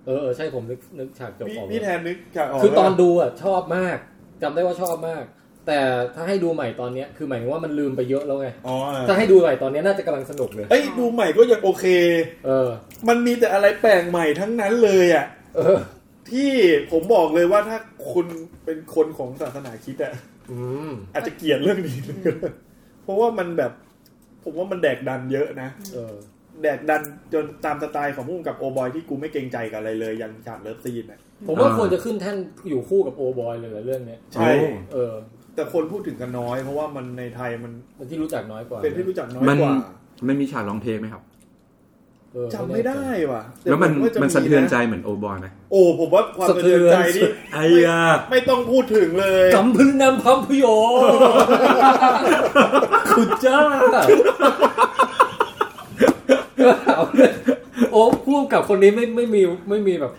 Speaker 3: เออเออใช่ผมนึกนึกฉากจบ
Speaker 6: พี่
Speaker 3: ออก
Speaker 6: พี่
Speaker 3: เลย
Speaker 6: แทนนึกจากออก
Speaker 3: คือตอน
Speaker 6: แล้ว
Speaker 3: ดูอ่ะชอบมากจำได้ว่าชอบมาก แต่ถ้าให้ดูใหม่ตอนเนี้ยคือหมายถึงว่ามันลืมไปเยอะแล้วไง
Speaker 6: อ๋อ
Speaker 3: ถ้าให้ดูใหม่ตอนเนี้ยน่าจะกำลังสนุกเลย
Speaker 6: เอ้ยดูใหม่ก็ยังโอเค
Speaker 3: เออ
Speaker 6: มันมีแต่อะไรแปลกใหม่ทั้งนั้นเลยอะ
Speaker 3: เออ
Speaker 6: ที่ผมบอกเลยว่าถ้าคุณเป็นคนของศาสนาคริดอะ
Speaker 3: อืม
Speaker 6: อาจจะเกลียดเรื่องนี้เลย ก็ได้เพราะว่ามันแบบ ผมว่ามันแดกดันเยอะนะ
Speaker 3: เออ
Speaker 6: แดกดันจนตามสไตล์ของพุ่มกับโอบอยที่กูไม่เกรงใจกับอะไรเลยอย่างฉากเลิฟซีนอะ
Speaker 3: ผมว่า
Speaker 4: อ่า
Speaker 3: ควรจะขึ้นแท่นอยู่คู่กับโอบอยเลยแหละเรื่องเนี้ย
Speaker 6: ใช่
Speaker 4: โอ้
Speaker 3: เออ
Speaker 6: แต่คนพูดถึงกันน้อย เพราะว่ามันในไทยมัน
Speaker 3: มันที่รู้จักน้อยกว่า
Speaker 6: เป็นที่รู้จักน้อย
Speaker 4: มัน
Speaker 6: กว่า
Speaker 4: มันมีฉากร้องเพลงไหมครับ
Speaker 3: เออ
Speaker 6: จำไม่ได้ว่ะต่
Speaker 4: แล้วมัน
Speaker 6: ผา
Speaker 4: มันสะเทือนใจ
Speaker 6: มี
Speaker 4: เหมือนโอบอยไหม
Speaker 6: โอ้ผมว่าความสะเทือนใจนี่
Speaker 4: ไอ้ยา
Speaker 6: ไม่ต้องพูดถึงเลย
Speaker 3: จำพึงนำพัมพโยคุณจ้าเอาเลยโอ้พูดกับคนนี้ไม่ไม่มีไม่มีแบบ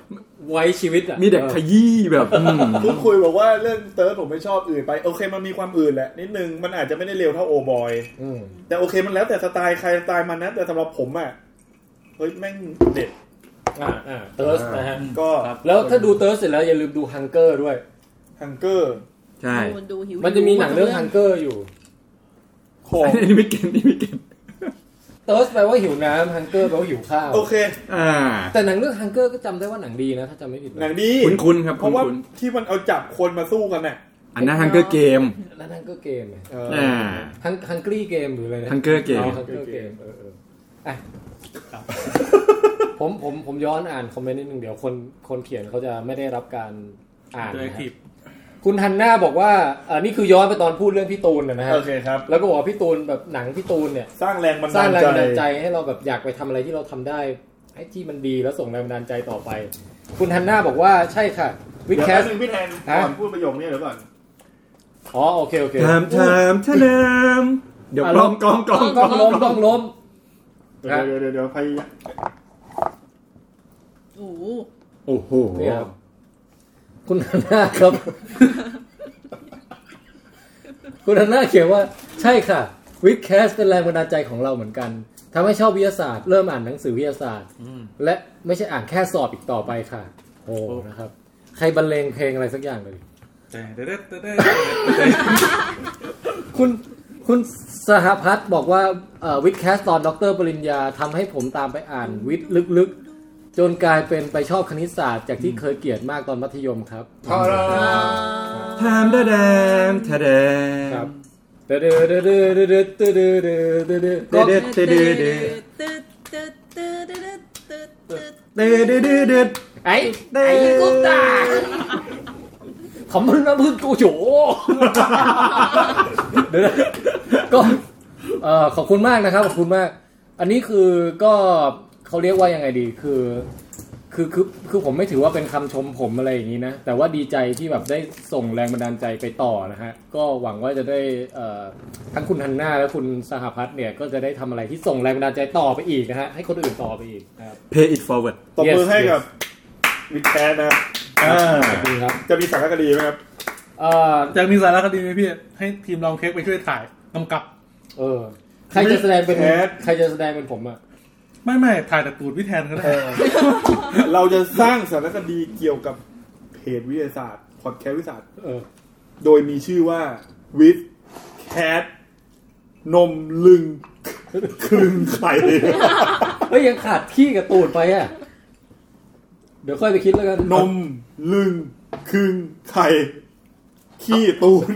Speaker 3: ไว้ชีวิตอ่ะ
Speaker 4: มีเด็กขยี้แบบอืม
Speaker 6: พูดคุยบอกว่าเรื่องเติร์ดผมไม่ชอบอื่นไปโอเคมันมีความอื่นแหละนิดนึงมันอาจจะไม่ได้เร็วเท่าโอบอย
Speaker 3: อืม
Speaker 6: แต่โอเคมันแล้วแต่สไตล์ใครสไตล์มันนะแต่สำหรับผมอ่ะเฮ้ยแม่งเด็ด
Speaker 3: อ่าอ่าเติร์สนะฮะ
Speaker 6: ก็
Speaker 2: ครับ
Speaker 3: แล้วถ้าดูเติร์สเสร็จแล้วอย่าลืมดูฮังเกอร์ด้วย
Speaker 6: ฮังเกอร์
Speaker 4: ใช่
Speaker 7: ดูดูหิว
Speaker 3: มันจะมีหนังเรื่องฮังเกอร์อยู่
Speaker 6: ของ
Speaker 4: อันนี้ไม่เก็ตอันนี้ไม่เก็ต
Speaker 3: เติร์สแปลว่าหิวน้ำฮังเกอร์แปลว่าหิวข้าว
Speaker 6: โอเค
Speaker 4: อ่า
Speaker 3: แต่หนังเรื่องฮังเกอร์ก็จำได้ว่าหนังดีนะ ถ้าจำไม่ผิดนะ
Speaker 6: หนังดี
Speaker 4: คุ้นคุ้นๆครับ
Speaker 6: เพ
Speaker 4: คุ้น
Speaker 6: ราะว่า
Speaker 4: คุ้น
Speaker 6: ที่มันเอาจับคนมาสู้กันน่ะ
Speaker 4: ๆอันนั้นฮังเกอร์เกม
Speaker 3: แล้วนั่นก็เกมไง
Speaker 6: เอออ
Speaker 4: อ่า
Speaker 3: ฮังฮังกี้เกมหรืออะไรนะ
Speaker 4: ฮังเกอร์เกม
Speaker 3: ฮังเกอร์เกมเออเอออ่ะ ผมผมผมย้อนอ่านคอมเมนต์นิดนึงเดี๋ยวคนคนเขียนเขาจะไม่ได้รับการอ่านนะฮะ
Speaker 2: Interactive
Speaker 3: คุณฮันน่าบอกว่าเออนี่คือย้อนไปตอนพูดเรื่องพี่ตูนนะนะฮะ
Speaker 6: โอเคครับ
Speaker 3: แล้วก็บอกว่าพี่ตูนแบบหนังพี่ตูนเนี่ย
Speaker 6: สร้างแรงบัน
Speaker 3: สร้า
Speaker 6: ดาง ล
Speaker 3: แรงบัน
Speaker 6: ใจ
Speaker 3: ดาลใจให้เราแบบอยากไปทำอะไรที่เราทำได้ให้ที่มันดีแล้วส่งแรงบันดาลใจต่อไป คุณฮันน่าบอกว่าใช่ค่ะวิ
Speaker 6: เดี๋ยว
Speaker 3: แค
Speaker 6: แป๊
Speaker 3: ส
Speaker 6: บนึงพี่แทน
Speaker 3: ฮะ
Speaker 6: ก่อนพูดประโยคนี้เดี๋ยวก่อน
Speaker 3: อ๋อโอเคโอเค
Speaker 4: ถามถามถามเดี๋ยวกล้องกล้องกล้อง
Speaker 3: ต้องต้องล้มต้องล้ม
Speaker 6: เดี๋
Speaker 3: ฮะ
Speaker 6: ยวเดี๋ยวเดี๋ยวพยายาม
Speaker 7: โอ้โห
Speaker 4: โอ้โห
Speaker 3: เนี่ยครับคุณฮันน่า ครับ คุณฮันน่าเขียนว่าใช่ค่ะ วิดแคสเป็นแรงบันดาลใจของเราเหมือนกันทำให้ชอบวิทยาศาสตร์ เริ่มอ่านหนังสือวิทยาศาสตร์ และไม่ใช่อ่านแค่สอบอีกต่อไปค่ะ โอ้นะครับ ใครบรรเลงเพลงอะไรสักอย่างเลย
Speaker 2: แต่เด้อเด้อเด้อ
Speaker 3: คุณคุณสหพัฒน์บอกว่าวิดแคสตอนด็อกเตอร์ปริญญาทำให้ผมตามไปอ่านวิทย์ลึกๆ จนกลายเป็นไปชอบคณิตศาสตร์จากที่เคยเกลียดมากตอนมัธยมครับ
Speaker 4: ถามถามถาม
Speaker 3: ครับ
Speaker 4: Øhm.
Speaker 3: เดือดเดือดเดือดเดือดเดือดเดือดเดือดเดือดก็
Speaker 4: เด็ดเด็ดเด็ดเด็ด
Speaker 7: ตึ๊ดตึ๊ดตึ๊ดตึ๊ดตึ๊ดตึ๊ด
Speaker 4: เด็ดเด็ดเด็ด
Speaker 3: ไอ้ไอ้กุ๊กตาขำมันน้ำพึ่ งกูโฉเดี๋ยวนะก็เอ่อขอบคุณมากนะครับขอบคุณมาก อันนี้คือก็เขาเรียกว่ายังไงดีคือ คือคือคือผมไม่ถือว่าเป็นคำชมผมอะไรอย่างนี้นะ แต่ว่าดีใจที่แบบได้ส่งแรงบันดาลใจไปต่อนะฮะ ก็หวังว่าจะได้เอ่อทั้งคุณฮันน่าและคุณสหพัฒน์เนี่ย ก็จะได้ทำอะไรที่ส่งแรงบันดาลใจต่อไปอีกนะฮะ ให้คนอื่นต่อไปอีกนะครับ
Speaker 4: เ pay it forward
Speaker 6: ตบมือ
Speaker 3: Yes,
Speaker 6: ให้กับวิดแคสนะอ่า
Speaker 3: ขอบคุณครับ
Speaker 6: จะมีสารคดีไหมครับ
Speaker 3: เอ่อ
Speaker 2: จะมีสารคดีไหมพี่ ให้ทีมลองเค้กไปช่วยถ่ายกำกับ
Speaker 3: เออใครจะแสดงเป็นใครจะแสดงเป็นผมอ่ะ
Speaker 2: ไม่ไม่ถ่ายแต่ตูดพี่แทนก็ได้
Speaker 6: เราจะสร้างสารคดีเกี่ยวกับเพจวิทยาศาสตร์พอดแคสต์วิทยาศาสตร์
Speaker 3: เออ
Speaker 6: โดยมีชื่อว่าวิดแคทนมลึงคลึงไข่
Speaker 3: เฮ้ยยังขาดขี้กับตูดไปอ่ะเดี๋ยวค่อยไปคิดแล้วกัน
Speaker 6: นมลึงคลึงไข่ขี้ตูน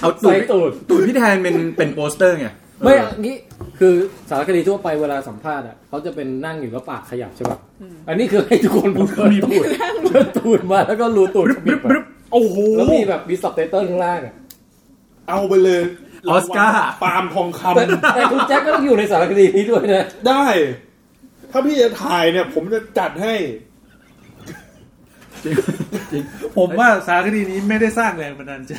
Speaker 4: เอาตูด
Speaker 3: ใส่ตูด
Speaker 4: ตูดพี่แทนเป็นเป็นโปสเตอร์ไง
Speaker 3: ไม่อะงี้คือสารคดีทั่วไปเวลาสัมภาษณ์อ่ะเขาจะเป็นนั่งอยู่แล้วปากขยับใช่ป่ะอันนี้คือให้ทุกคนพูดมีตูดตูดมาแล้วก็รูตูดขมิบอะ
Speaker 6: โอ้โห
Speaker 3: แล้วมีแบบมีสับไตเติ้ลข้างล่างอ่ะ
Speaker 6: เอาไปเลย
Speaker 4: ออสการ์
Speaker 6: ปาล์มทองค
Speaker 3: แต่แต่คุณแจ็คก็ต้องอยู่ในสารคดีนี้ด้วยนะ
Speaker 6: ำได้ ถ้าพี่จะถ่ายเนี่ย ผมจะจัดให้
Speaker 4: จริงจริง
Speaker 2: ผมว่าสารคดีนี้ไม่ได้สร้างแรงบันดาลใจ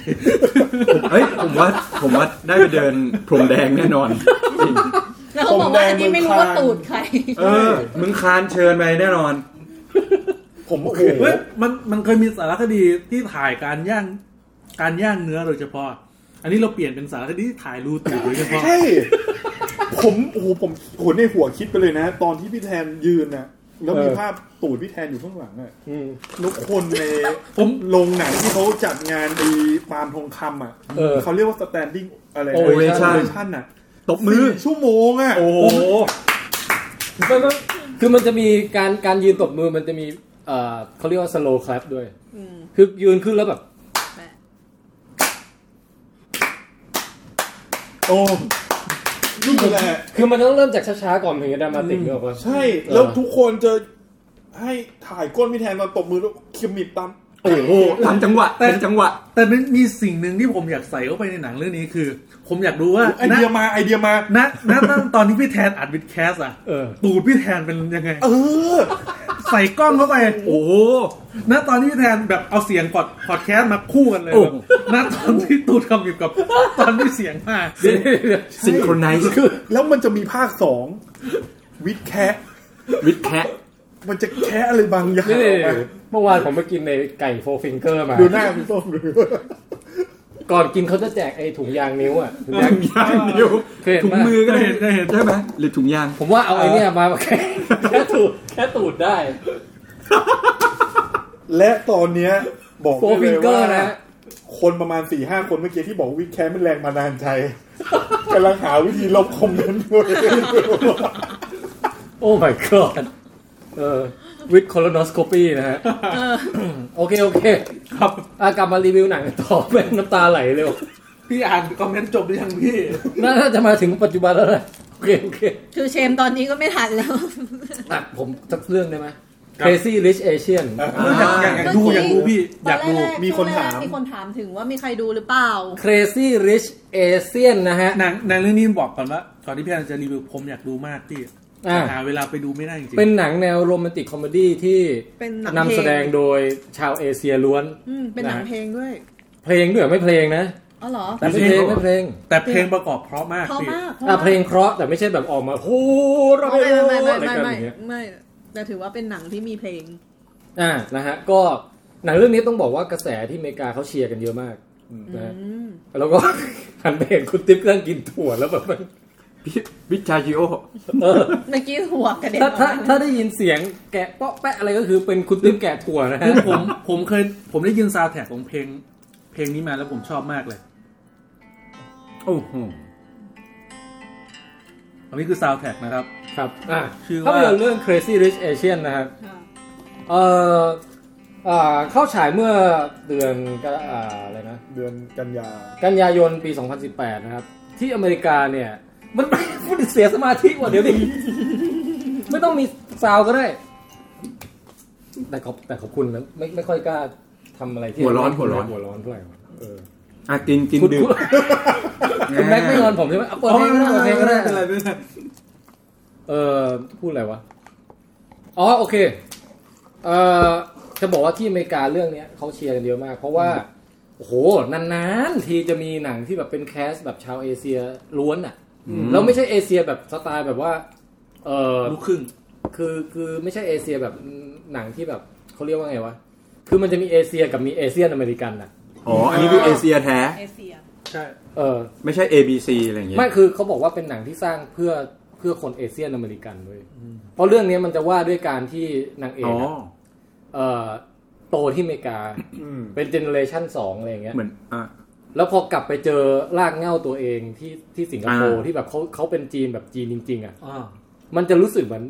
Speaker 4: เฮ้ยผมว่าผมว่าได้ไปเดินพรมแดงแน่นอนจริง
Speaker 7: แล้วเขาบอกว่าอันนี้ไม่รู้ว่าตูดใคร
Speaker 4: เออมึงคานเชิญไปแน่นอน
Speaker 6: ผมโอ้โห
Speaker 2: เฮ้ยมันมันเคยมีสารคดีที่ถ่ายการย่างการย่างเนื้อโดยเฉพาะ อันนี้เราเปลี่ยนเป็นสารคดีที่ถ่ายรูตูดโดยเฉพาะ
Speaker 6: ใช่ ผมโอ้โหผมโอ้โหในหัวคิดไปเลยนะ ตอนที่พี่แทนยืนนะแล้วมีภาพตูดพี่แทนอยู่ข้างหลังอะ
Speaker 3: อืม
Speaker 6: ทุกคนใน
Speaker 2: ผม
Speaker 6: โรงหนังที่เขาจัดงานไอีปาล์มทองคำอ่ะ
Speaker 3: เออ
Speaker 6: เขาเรียกว่า standing อะไร
Speaker 4: Ovation
Speaker 6: ชั่นอ่ะ
Speaker 4: ตบมือ
Speaker 6: ชั่วโมงอ่ะ
Speaker 4: โอ้โห
Speaker 3: ไม่ไม่คือมันจะมีการการยืนตบมือมันจะมีเอ อ่อเขาเรียกว่า slow clap ด้วย
Speaker 7: อืม
Speaker 3: คือยืนขึ้นแล้วแบบ
Speaker 7: แปะ
Speaker 6: โอ้นี่แหละ
Speaker 3: คือมันต้องเริ่มจากช้าๆก่อนถึงจะดรามาติกเนอะป่ะ
Speaker 6: ใช่ แล้ว
Speaker 3: เออ
Speaker 6: ทุกคนจะให้ถ่ายก้นพี่แทนตอนตบมือแล้วเคิมมิดตาม
Speaker 4: โอ้โหตามจังหวะเป็นจังหวะ
Speaker 2: แต่มันมีสิ่งหนึ่งที่ผมอยากใส่เข้าไปในหนังเรื่องนี้คือ ผมอยากดูว่า
Speaker 6: ไอเดียมาไอเดียมา
Speaker 2: ณณณตอนที่พี่แทนอัดวิดแคสอะ
Speaker 3: เออ
Speaker 2: ตูดพี่แทนเป็นยังไง
Speaker 6: เออ
Speaker 2: ใส่กล้องเข้าไป
Speaker 4: โอ้โห
Speaker 2: ณตอนที่พี่แทนแบบเอาเสียงพอดพอดแคสต์มาคู่กันเลย
Speaker 4: โอ้
Speaker 2: แบบณตอนที่ตูดคำหยิบกับ ตอนที่เสียงมา
Speaker 4: ซิงโครไนซ์
Speaker 6: แล้วมันจะมีภาคสองวิดแคะ
Speaker 4: วิดแคะ
Speaker 6: มันจะแคะอะไรบางอย่าง
Speaker 3: นี่
Speaker 6: ออกมา
Speaker 3: เมื่อวานผมไปกินในไก่โฟร์ฟิงเกอร์มา
Speaker 6: ดูหน้าพี่ส้มดู
Speaker 3: ก่อนกินเขาจะแจกไอ้ถุงยางนิ้วอ่ะถุงยาง
Speaker 4: ยางนิ้ว
Speaker 3: เคยเห็น
Speaker 4: ถุง
Speaker 3: ปะ
Speaker 4: มือก็
Speaker 2: ได้
Speaker 4: ได้
Speaker 2: เห็นได้เห็น
Speaker 4: ใช่ไหมหรือถุงยาง
Speaker 3: ผมว่าเอาไอ้เนี่ยมา แค่แค่ตูดแค่ตูดได้
Speaker 6: และตอนเนี้ย บอก
Speaker 3: โฟ
Speaker 6: ได้
Speaker 3: ร์
Speaker 6: เล
Speaker 3: ฟิง
Speaker 6: ย
Speaker 3: เกอ
Speaker 6: ว่า
Speaker 3: ร์นะ
Speaker 6: คนประมาณสี่ห้าคนเมื่อกี้ที่บอกวิดแคะมันแรงมานานใจ กำลังหาวิธีลบค อมเมนต์ด้วย
Speaker 3: โอ้ my god เออวิดคอล o นสโคปีนะฮะโอเค โอเค
Speaker 2: ครับ
Speaker 3: อ่ะกลับมารีวิวหนังกันต่อแม่งน้ำตาไหลเร็ว
Speaker 2: พี่อ่านคอมเมนต์จบหรือยังพี่
Speaker 3: น่าจะมาถึงปัจจุบันแล้วนะโอเค โอเค
Speaker 7: คือเชมตอนนี้ก็ไม่ทันแล้ว
Speaker 3: อ่ะผมสักเรื่องได้ไหม
Speaker 2: ครับ
Speaker 3: Crazy Rich Asian
Speaker 2: อยากอยากอยากดูอยากดูพี่ อยากดู
Speaker 7: ตนแร
Speaker 6: มีคนถาม
Speaker 7: มีคนถามถึงว่ามีใครดูหรือเปล่า
Speaker 3: Crazy Rich Asian นะฮะ
Speaker 2: หนังหนังเรื่องนี้บอกก่อนว่าก่อนที่พี่แทนจะรีวิวผมอยากดูมากพี่
Speaker 3: อ่า
Speaker 2: หาเวลาไปดูไม่ได้จริง
Speaker 3: เป็นหนังแนวโรแมนติกคอมเมดี้ที่
Speaker 7: เป็นหนัง
Speaker 3: นำแสดง
Speaker 7: เพลง
Speaker 3: โดยชาวเอเชียล้วน
Speaker 7: อืมเป็นหนัง
Speaker 3: นะ
Speaker 7: เพลงด้วย
Speaker 3: เพลงด้วยไม่เพลงนะ
Speaker 7: อ๋อเหรอ
Speaker 3: แต่ไม่เพลงไม่เพลง
Speaker 2: ๆแต่เพลงประกอบเพราะมาก
Speaker 7: เพราะ
Speaker 2: พี่
Speaker 7: มาก
Speaker 3: อ่ะ
Speaker 7: พราะมาก
Speaker 3: เพลงเคราะห์แต่ไม่ใช่แบบออกมาโอ้ระเบิ
Speaker 7: ไม่
Speaker 3: ด
Speaker 7: ไม่ไม่
Speaker 3: อะไร
Speaker 7: ไม่ไม่
Speaker 3: กันอย่างเงี้ย
Speaker 7: ไม่แต่ถือว่าเป็นหนังที่มีเพลง
Speaker 3: อ่านะฮะก็หนังเรื่องนี้ต้องบอกว่ากระแสที่อเมริกาเขาเชียร์กันเยอะมากนะฮะแล้วก็ หันไปเห็นคุณติ๊บกำลังกินถั่วแล้วแบบมัน
Speaker 4: พี่วิจาจิโอ
Speaker 3: เออ
Speaker 7: เมื่อกี้หัวกระเด็น
Speaker 3: ถ้าถ้า
Speaker 7: ออกม
Speaker 3: ถ้าได้ยินเสียงแกะเปาะแปะอะไรก็คือเป็นคุณติ๊บแกะถั่วนะฮะ
Speaker 2: คือผมผมเคยผมได้ยินซาวด์แทร็กของเพลง เพลงนี้มาแล้วผมชอบมากเลย
Speaker 4: โอ้โห
Speaker 2: อันนี้คือซาวด์แทร็กนะครับ
Speaker 3: ครับอ่ะ
Speaker 2: คือว่า
Speaker 3: ภาพยนตร์เรื่อง Crazy Rich Asian นะครับ
Speaker 7: า
Speaker 3: เออเอ่อเข้าฉายเมื่อเดือนกรอ่าอะไรนะ
Speaker 6: เดือนกันยา
Speaker 3: กันยายนปี 2018 นะครับ ที่อเมริกาเนี่ย มัน มันเสียสมาธิว่ะเดี๋ยวดิ ไม่ต้องมีซาวก็ได้ แต่ขอบแต่ขอบคุณนะไม่ไม่ค่อยกล้าทำอะไรที่
Speaker 4: หัวร้อนหัวร้อน
Speaker 3: หัวร้อนเท่าไหร่วะเออ
Speaker 4: อ่ะกินกิน
Speaker 3: คุณ
Speaker 4: ดื่ม
Speaker 3: คุณคุณแม็กไม่นอนผมใช่ไหมเอาเปิดเพลงก็ได้เปิดเพลงก็ได้
Speaker 2: เป็นไรเป็นไร
Speaker 3: เออพูดอะไรวะ อ๋อโอเค เออจะบอกว่าที่อเมริกาเรื่องเนี้ยเขาเชียร์กันเยอะมาก เพราะว่า โอ้โห นานๆ ทีจะมีหนังที่แบบเป็นแคสแบบชาวเอเชียล้วนอ่ะ แล้วไม่ใช่เอเชียแบบสไตล์แบบว่า เออ
Speaker 2: ลูกครึ่ง
Speaker 3: คือคือไม่ใช่เอเชียแบบหนังที่แบบเขาเรียกว่าไงวะ คือมันจะมีเอเชียกับมีเอเชียนอเมริกันอ่ะ
Speaker 4: อ๋อ อันนี้คือเอเชียแท้
Speaker 7: เอเชีย
Speaker 2: ใช่
Speaker 3: เออ
Speaker 4: ไม่ใช่ ABC อะไรอย่างเงี้ย
Speaker 3: ไม่คือเขาบอกว่าเป็นหนังที่สร้างเพื่อเพื่อคนเอเชียนอเมริกันเว้ยเพราะเรื่องเนี้ยมันจะว่าด้วยการที่นางเอ
Speaker 4: อ๋
Speaker 3: ก
Speaker 4: อ
Speaker 3: อะ เอ่อโตที่อเมริกา
Speaker 6: อืม
Speaker 3: เป็นเจเนเรชันสองอะไรอย่างเงี้ย
Speaker 4: เหมือนอ่ะ
Speaker 3: แล้วพอกลับไปเจอรากเหง้าตัวเองที่ที่สิงคโปร์
Speaker 4: อ่า
Speaker 3: ที่แบบเขาเขาเป็นจีนแบบจีนจริง ๆ อ่ะ
Speaker 2: อ่า
Speaker 3: มันจะรู้สึกเหมือน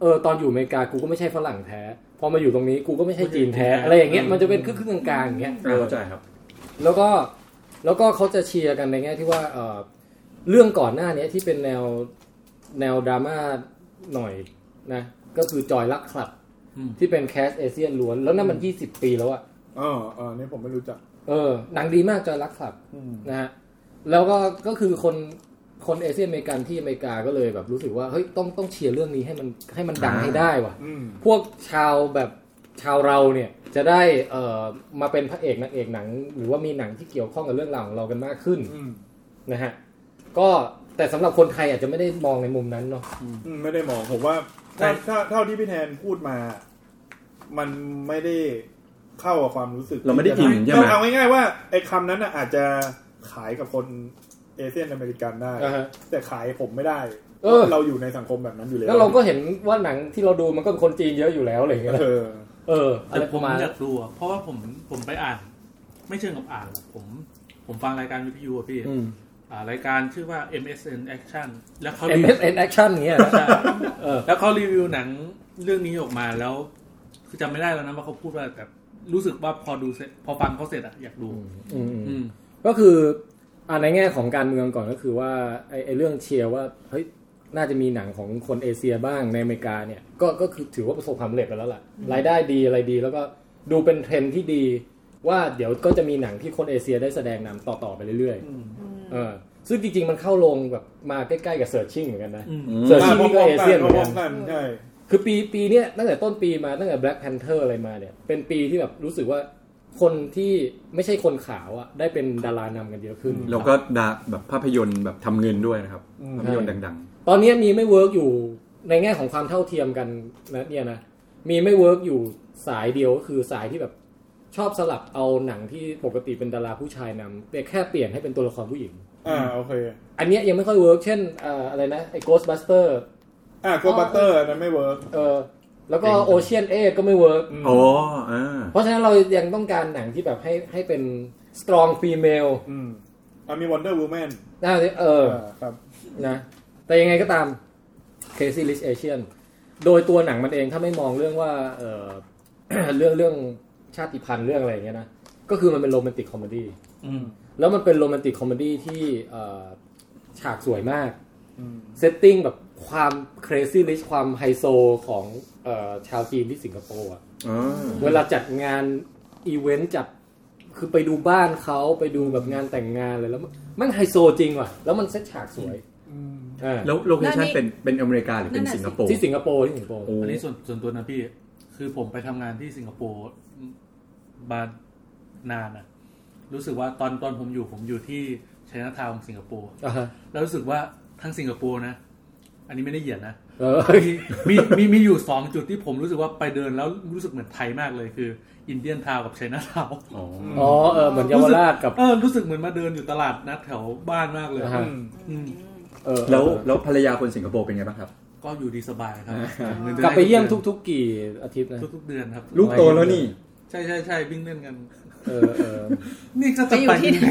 Speaker 3: เออตอนอยู่อเมริกากูก็ไม่ใช่ฝรั่งแท้ พอมาอยู่ตรงนี้กูก็ไม่ใช่จีนแท้ อะไรอย่างเงี้ยมันจะเป็นครึ่งๆกลางๆอย่างเงี้ย
Speaker 4: อ่ะเข้าใจครับ
Speaker 3: แล้วก็แล้วก็เขาจะเชียร์กันในแง่ที่ว่าเอ่อเรื่องก่อนหน้าเนี้ยที่เป็นแนวแนวดราม่าหน่อยนะก็คือจอยลักคลับที่เป็นแคสเอเชียนล้วน แล้วนั่นมันยี่สิบปีแล้วอะ
Speaker 6: อ๋ออ๋อนี่ผมไม่รู้จัก
Speaker 3: เออหนังดีมากจอยลักคลับ
Speaker 6: อืม
Speaker 3: นะฮะแล้วก็ก็คือคนคนเอเชียอเมริกันที่อเมริกาก็เลยแบบรู้สึกว่าเฮ้ยต้องต้องเชียร์เรื่องนี้ให้มันให้มันดัง
Speaker 4: อ่า
Speaker 3: ให้ได้ว่ะ
Speaker 6: อืม
Speaker 3: พวกชาวแบบชาวเราเนี่ยจะได้เอ่อมาเป็นพระเอกนางเอกหนัง หรือว่ามีหนังที่เกี่ยวข้องกับเรื่องราวของเรากันมากขึ้น
Speaker 6: อืม
Speaker 3: นะฮะก็แต่สำหรับคนไทยอาจจะไม่ได้มองในมุมนั้นเนาะ
Speaker 6: อืมไม่ได้มองผมว่าถ้าถ้าเท่าที่พี่แทนพูดมา มันไม่ได้เข้ากับความรู้สึก
Speaker 4: เราไม่ได้อินใช่ไหม
Speaker 6: เราเอาง่ายๆว่าไอ้คำนั้นน่ะอาจจะขายกับคนเอเชียนอเมริกันได้
Speaker 3: อ่าฮะ
Speaker 6: แต่ขายผมไม่ได้
Speaker 3: เออ
Speaker 6: เราอยู่ในสังคมแบบนั้นอยู่แล้ว
Speaker 3: แล้วเราก็เห็นว่าหนังที่เราดูมันก็เป็นคนจีนเยอะอยู่แล้วอะไรอย่างเงี้ย
Speaker 6: เออ
Speaker 3: เอออะไร
Speaker 2: แต่ผม
Speaker 3: ประมาณ
Speaker 2: อยากดูอะเพราะว่าผมผมไปอ่าน ไม่เชิงกับอ่านหรอกผมผมฟังรายการวิทยุอะพี่
Speaker 3: อืม
Speaker 2: อ่ารายการชื่อว่า MSN Action แล้วเขา
Speaker 3: MSN Action เงี้ยนะ
Speaker 2: ใช่
Speaker 3: เออ
Speaker 2: แล้วเขารีวิวหนังเรื่องนี้ออกมาแล้ว คือจำไม่ได้แล้วนะว่าเขาพูดว่าอะไรแต่รู้สึกว่าพอดูเสร็จพอฟังเขาเสร็จอะอยากดู
Speaker 3: อืมอืม
Speaker 2: อืม
Speaker 3: ก็คืออ่าในแง่ของการเมืองก่อนก็คือว่าไอ้ไอ้เรื่องเชียร์ว่าเฮ้ยน่าจะมีหนังของคนเอเชียบ้างในอเมริกาเนี่ยก็ก็คือถือว่าประสบความสำเร็จไปแล้วล่ะรายได้ดีอะไรดี แล้วก็ดูเป็นเทรนด์ที่ดี ว่าเดี๋ยวก็จะมีหนังที่คนเอเชียได้แสดงนำต่อๆไปเรื่อยๆเออซึ่งจริงๆมันเข้าลงแบบมาใกล้ๆกับเซิร์ชชิ่งเหมือนกันนะ
Speaker 2: อืม
Speaker 3: เซิร์ชชิ่งนี่ก็เอเชียเหมือน
Speaker 6: พ
Speaker 3: กั
Speaker 6: ร้อน มๆกันใช่
Speaker 3: คือปีปีเนี้ยตั้งแต่ต้นปีมาตั้งแต่ Black Panther อะไรมาเนี่ย เป็นปีที่แบบรู้สึกว่าคนที่ไม่ใช่คนขาวอะ่ะได้เป็นดารานำกันเยอะขึ้น
Speaker 4: แล้วก็ดาแบบภาพยนตร์แบบทำเงินด้วยนะครับ
Speaker 6: อืม
Speaker 4: ภาพยนตร์ดัง
Speaker 3: ตอนเนี้ยมีไม่เวิร์กอยู่ในแง่ของความเท่าเทียมกันนะเนี่ยนะมีไม่เวิร์กอยู่สายเดียวก็คือสายที่แบบชอบสลับเอาหนังที่ปกติเป็นดาราผู้ชายนำแต่แค่เปลี่ยนให้เป็นตัวละครผู้หญิง
Speaker 6: อ่าโอเค
Speaker 3: อันเนี้ยยังไม่ค่อยเวิร์กเช่นเอ่ออะไรนะไอ้ Ghostbuster
Speaker 6: อ่าโกบัตเตอร์อันนั้นไม่เวิร์ก
Speaker 3: เออแล้วก็
Speaker 4: จริง
Speaker 3: Ocean 8ก็ไม่เวิร์ก
Speaker 4: ๆอ๋ออ่า
Speaker 3: เพราะฉะนั้นเรายังต้องการหนังที่แบบให้ให้เป็น strong female
Speaker 6: อืมอ่ะมีวันเดอร์วูแมน
Speaker 3: นะเออ
Speaker 6: ครับ
Speaker 3: นะ แต่ยังไงก็ตาม Crazy Rich Asian โดยตัวหนังมันเองถ้าไม่มองเรื่องว่าเออ เรื่องเรื่องชาติพันธุ์เรื่องอะไรอย่างเงี้ยนะ ก็คือมันเป็นโรแมนติกคอมเมดี้
Speaker 6: อืม
Speaker 3: แล้วมันเป็นโรแมนติกคอมเมดี้ที่เอ่อฉากสวยมาก
Speaker 6: อืม
Speaker 3: เซตติ้งแบบความ Crazy Rich ความไฮโซของเออชาวจีนที่สิงคโปร์อะ
Speaker 4: อ๋อ
Speaker 3: เวลาจัดงานอีเวนต์จัดคือไปดูบ้านเขาไปดูแบบงานแต่งงานเลยแล้วมันมันไฮโซจริงว่ะ แล้วมันเซตฉากสวยอ่า
Speaker 4: แล้วโลเคชั่น
Speaker 7: แล้วนี่
Speaker 4: เป็นเป็นอเมริกาหรือเป็น
Speaker 7: นั่นน่ะ
Speaker 4: สิงคโปร์
Speaker 3: ที่สิงคโปร์ที่สิงคโปร์
Speaker 4: โอ้
Speaker 2: อันนี้ส่วนส่วนตัวนะพี่ คือผมไปทำงานที่สิงคโปร์มานานอะรู้สึกว่าตอนตอนผมอยู่ผมอยู่ที่ชยนาทาวน์ของสิงคโปร์
Speaker 3: อ่าฮะ
Speaker 2: แล้วรู้สึกว่าทั้งสิงคโปร์นะ อันนี้ไม่ได้เหยียดนะ
Speaker 3: เออ
Speaker 2: มีมีมีมีอยู่สองจุดที่ผมรู้สึกว่าไปเดินแล้วรู้สึกเหมือนไทยมากเลยคืออินเดียนทาวกับไชน่าทาว
Speaker 4: อ๋อ
Speaker 3: อ๋อเออเหมือนเยาวราชกับ
Speaker 2: เออรู้สึกเหมือนมาเดินอยู่ตลาดนัดแถวบ้านมากเลย
Speaker 3: อ่าฮะ
Speaker 2: อืม
Speaker 3: เออ
Speaker 4: แล้ว
Speaker 3: เออ
Speaker 4: แล้วภรรยาคนสิงคโปร์เป็นไงบ้างครับ
Speaker 2: ก็อยู่ดีสบายครับงินดือน
Speaker 3: กลับไปเยี่ยม
Speaker 2: ดือน
Speaker 3: ทุกๆกี่อาทิตย์นะ
Speaker 2: ทุกๆเดือนครับ
Speaker 4: ลูกโตแล้วนี่
Speaker 2: ใช่ใช่ใช่วิ่งเล่นกัน
Speaker 3: เออเออ
Speaker 2: นี่ก็จะ
Speaker 7: ไปอยู่
Speaker 2: ไป
Speaker 7: ที่
Speaker 2: ยังไง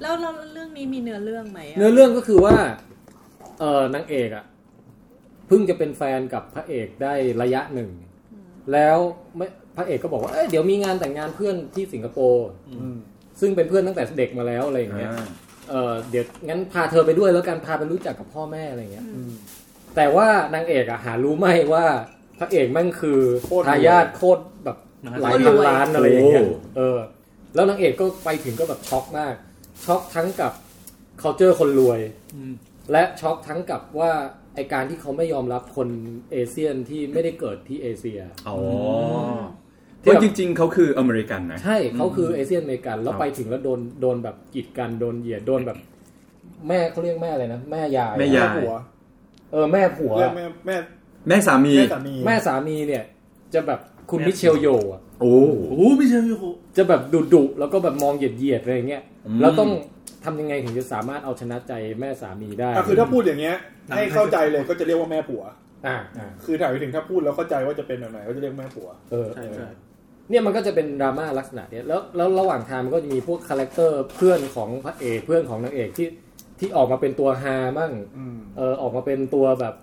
Speaker 7: แล้วเราเรื่องนี้มีเนื้อเรื่องไหมอะ
Speaker 3: เนื้อเรื่องก็คือว่าเออนางเอกอะเพิ่งจะเป็นแฟนกับพระเอกได้ระยะหนึ่ง แล้วไม่พระเอกก็บอกว่าเอ้ยเดี๋ยวมีงานแต่งงานเพื่อนที่สิงคโปร์
Speaker 6: อืม
Speaker 3: ซึ่งเป็นเพื่อนตั้งแต่เด็กมาแล้วอะไรอย่างเงี้ย
Speaker 4: อ่า
Speaker 3: เออเดี๋ยวงั้นพาเธอไปด้วยแล้วกันพาไปรู้จักกับพ่อแม่อะไรอย่างเงี้ย
Speaker 6: อืม
Speaker 3: แต่ว่านางเอกอะหารู้ไหมว่าพระเอกแม่งคือ
Speaker 6: โคตรรวย
Speaker 3: ทายาทโคตรแบบหลายพันล้านอะไรอย่างเงี้ย
Speaker 4: โอ้
Speaker 3: เออ แล้วนางเอกก็ไปถึงก็แบบช็อกมาก ช็อกทั้งกับ c u l t u r e คนรวย
Speaker 2: อืม
Speaker 3: และช็อกทั้งกับว่าไอการที่เขาไม่ยอมรับคนเอเชียนที่ไม่ได้เกิดที่เอเชีย
Speaker 4: อ๋อ
Speaker 3: ที่
Speaker 4: เพราะ
Speaker 3: แบบ
Speaker 4: จริง ๆเขาคืออเมริกันนะ
Speaker 3: ใช่เขาคือเอเชียนอเมริกัน แล้วไปถึงแล้วโดนโดนแบบกีดกันโดนเหยียดโดนแบบ แม่เขาเรียกแม่อะไรนะ แม่ยาย
Speaker 4: แม่ยาย
Speaker 6: แม่ผัว
Speaker 3: เออแม่ผัว
Speaker 6: เรียกแม่แม่
Speaker 4: แม่สามี
Speaker 6: แม่สามี
Speaker 3: แม่สามีเนี่ย จะแบบคุณมิเชลโยอะ
Speaker 4: โอ้
Speaker 2: โอ้โหไม่ใช่พี่โค
Speaker 3: จะแบบดุดุๆแล้วก็แบบมองเหยียดเหยียดๆอะไรเงี้ย
Speaker 4: อืม
Speaker 3: แล้วต้องทำยังไงถึงจะสามารถเอาชนะใจแม่สามีได้
Speaker 6: อ่ะคือถ้าพูดอย่างเงี้ย ให้เข้าใจเลยก็จะเรียกว่าแม่ผัว
Speaker 3: อ่าอ่า
Speaker 6: คือถ่ายไปถึงถ้าพูดแล้วเข้าใจว่าจะเป็นแบบไหนก็จะเรียกแม่ผัว
Speaker 3: เออ
Speaker 2: ใช่ใช่
Speaker 3: เนี่ยมันก็จะเป็นดราม่าลักษณะเนี้ยแล้วแล้วระหว่างทางมันก็จะมีพวกคาแรคเตอร์เพื่อนของพระเอกเพื่อนของนางเอกที่ที่ออกมาเป็นตัวฮามั่ง
Speaker 6: อืม
Speaker 3: เออออกมาเป็นตัวแบบ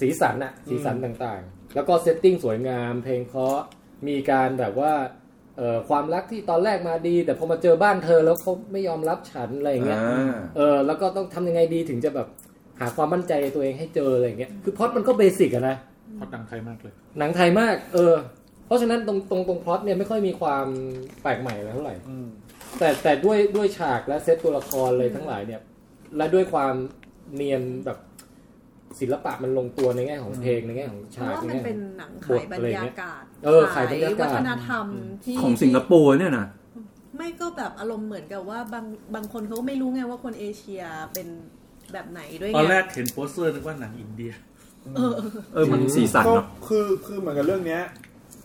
Speaker 3: สีสันอะสีสันต่างๆ แล้วก็เซตติ้งสวยงาม เพลงเพราะมีการแบบว่าเอ่อความรักที่ตอนแรกมาดี แต่พอมาเจอบ้านเธอแล้วเขาไม่ยอมรับฉันอะไรอย่างเงี้ย
Speaker 4: อ่า
Speaker 3: เออแล้วก็ต้องทำยังไงดีถึงจะแบบหาความมั่นใจในตัวเองให้เจออะไรอย่างเงี้ยคือพล็อดมันก็เบสิกอะนะ
Speaker 2: พอดดังไทยมากเลย
Speaker 3: หนังไทยมากเออเพราะฉะนั้นตรงตรงตรงพล็อตเนี่ยไม่ค่อยมีความแปลกใหม่อะไรเท่าไหร่
Speaker 6: อืม
Speaker 3: แต่แต่ด้วยด้วยฉากและเซตตัวละครเลยทั้งหลายเนี่ย และด้วยความเนียนแบบศิลปะมันลงตัวในแง่ของเพลงในแง่ของ
Speaker 7: เพราะ
Speaker 3: ฉาก
Speaker 7: ว่า
Speaker 3: ใน
Speaker 7: มัน
Speaker 3: แง่
Speaker 7: เป็นหนังขายบรรยากาศ
Speaker 3: เออขายบรรยากาศ
Speaker 7: วัฒนธรรมที่
Speaker 4: ของสิงคโปร์เนี่ยนะ
Speaker 7: ไม่ก็แบบอารมณ์เหมือนกับว่าบางบางคนเขาก็ไม่รู้ไงว่าคนเอเชียเป็นแบบไหนด้วย
Speaker 2: ตอน
Speaker 7: ไง
Speaker 2: แรกเห็นโปสเตอร์นึกว่าหนังอินเดีย
Speaker 7: เออ
Speaker 4: เออมันสีสัน
Speaker 6: ก็
Speaker 4: เนาะ
Speaker 6: คือคือเหมือนกับเรื่องเนี้ย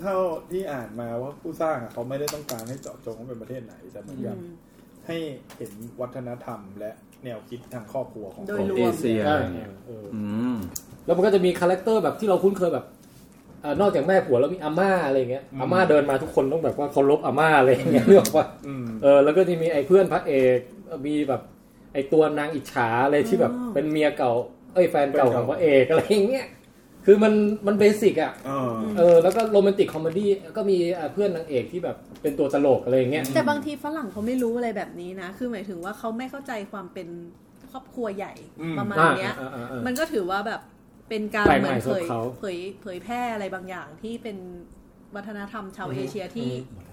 Speaker 6: เท่าที่อ่านมาว่าผู้สร้างอะเขาไม่ได้ต้องการให้เจาะจงว่าเป็นประเทศไหนแต่เหมือนกับ
Speaker 7: อืม
Speaker 6: ให้เห็นวัฒนธรรมและแนวคิดทางครอบครัวของ
Speaker 7: โด
Speaker 4: ข
Speaker 7: ย
Speaker 4: อง
Speaker 7: ร
Speaker 4: เอ
Speaker 7: วม
Speaker 4: เชียอะ
Speaker 3: ใช่
Speaker 4: ไรเงี้ย
Speaker 3: เออ
Speaker 4: อืม
Speaker 3: แล้วมันก็จะมีคาแรคเตอร์แบบที่เราคุ้นเคยแบบเอ่อนอกจากแม่ผัวแล้วมีอาม่าอะไรเงี้ยอาม่าเดินมาทุกคนต้องแบบว่าเคารพอาม่าอะไรอย่างเงี้ยเรียกว่า
Speaker 6: อืม
Speaker 3: เออแล้วก็จะมีไอ้เพื่อนพระเอกมีแบบไอ้ตัวนางอิจฉาอะไรที่แบบเป็นเมียเก่า เอ้ยแฟนเก่าของพระเอกอะไรอย่างเงี้ย คือมันมันเบสิกอ่ะ
Speaker 6: เออ
Speaker 3: เออแล้วก็โรแมนติกคอมเมดี้ก็มีอ่ะเพื่อนนางเอกที่แบบเป็นตัวตลกอะไรอย่างเงี้ย
Speaker 7: แต่บางทีฝรั่งเขาไม่รู้อะไรแบบนี้นะ คือหมายถึงว่าเขาไม่เข้าใจความเป็นครอบครัวใหญ่
Speaker 6: อืม
Speaker 7: ประมาณเนี้ย
Speaker 3: อ่าอ่าอ่าอ่ามั
Speaker 7: มันก็ถือว่าแบบเป็นการ
Speaker 3: แปล
Speaker 7: เห
Speaker 3: กใหม่
Speaker 7: มือนเผย
Speaker 3: สำหรับเขา
Speaker 7: เผยเผยแพร่อะไรบางอย่างที่เป็นวัฒนธรรมชาวเอเชียที่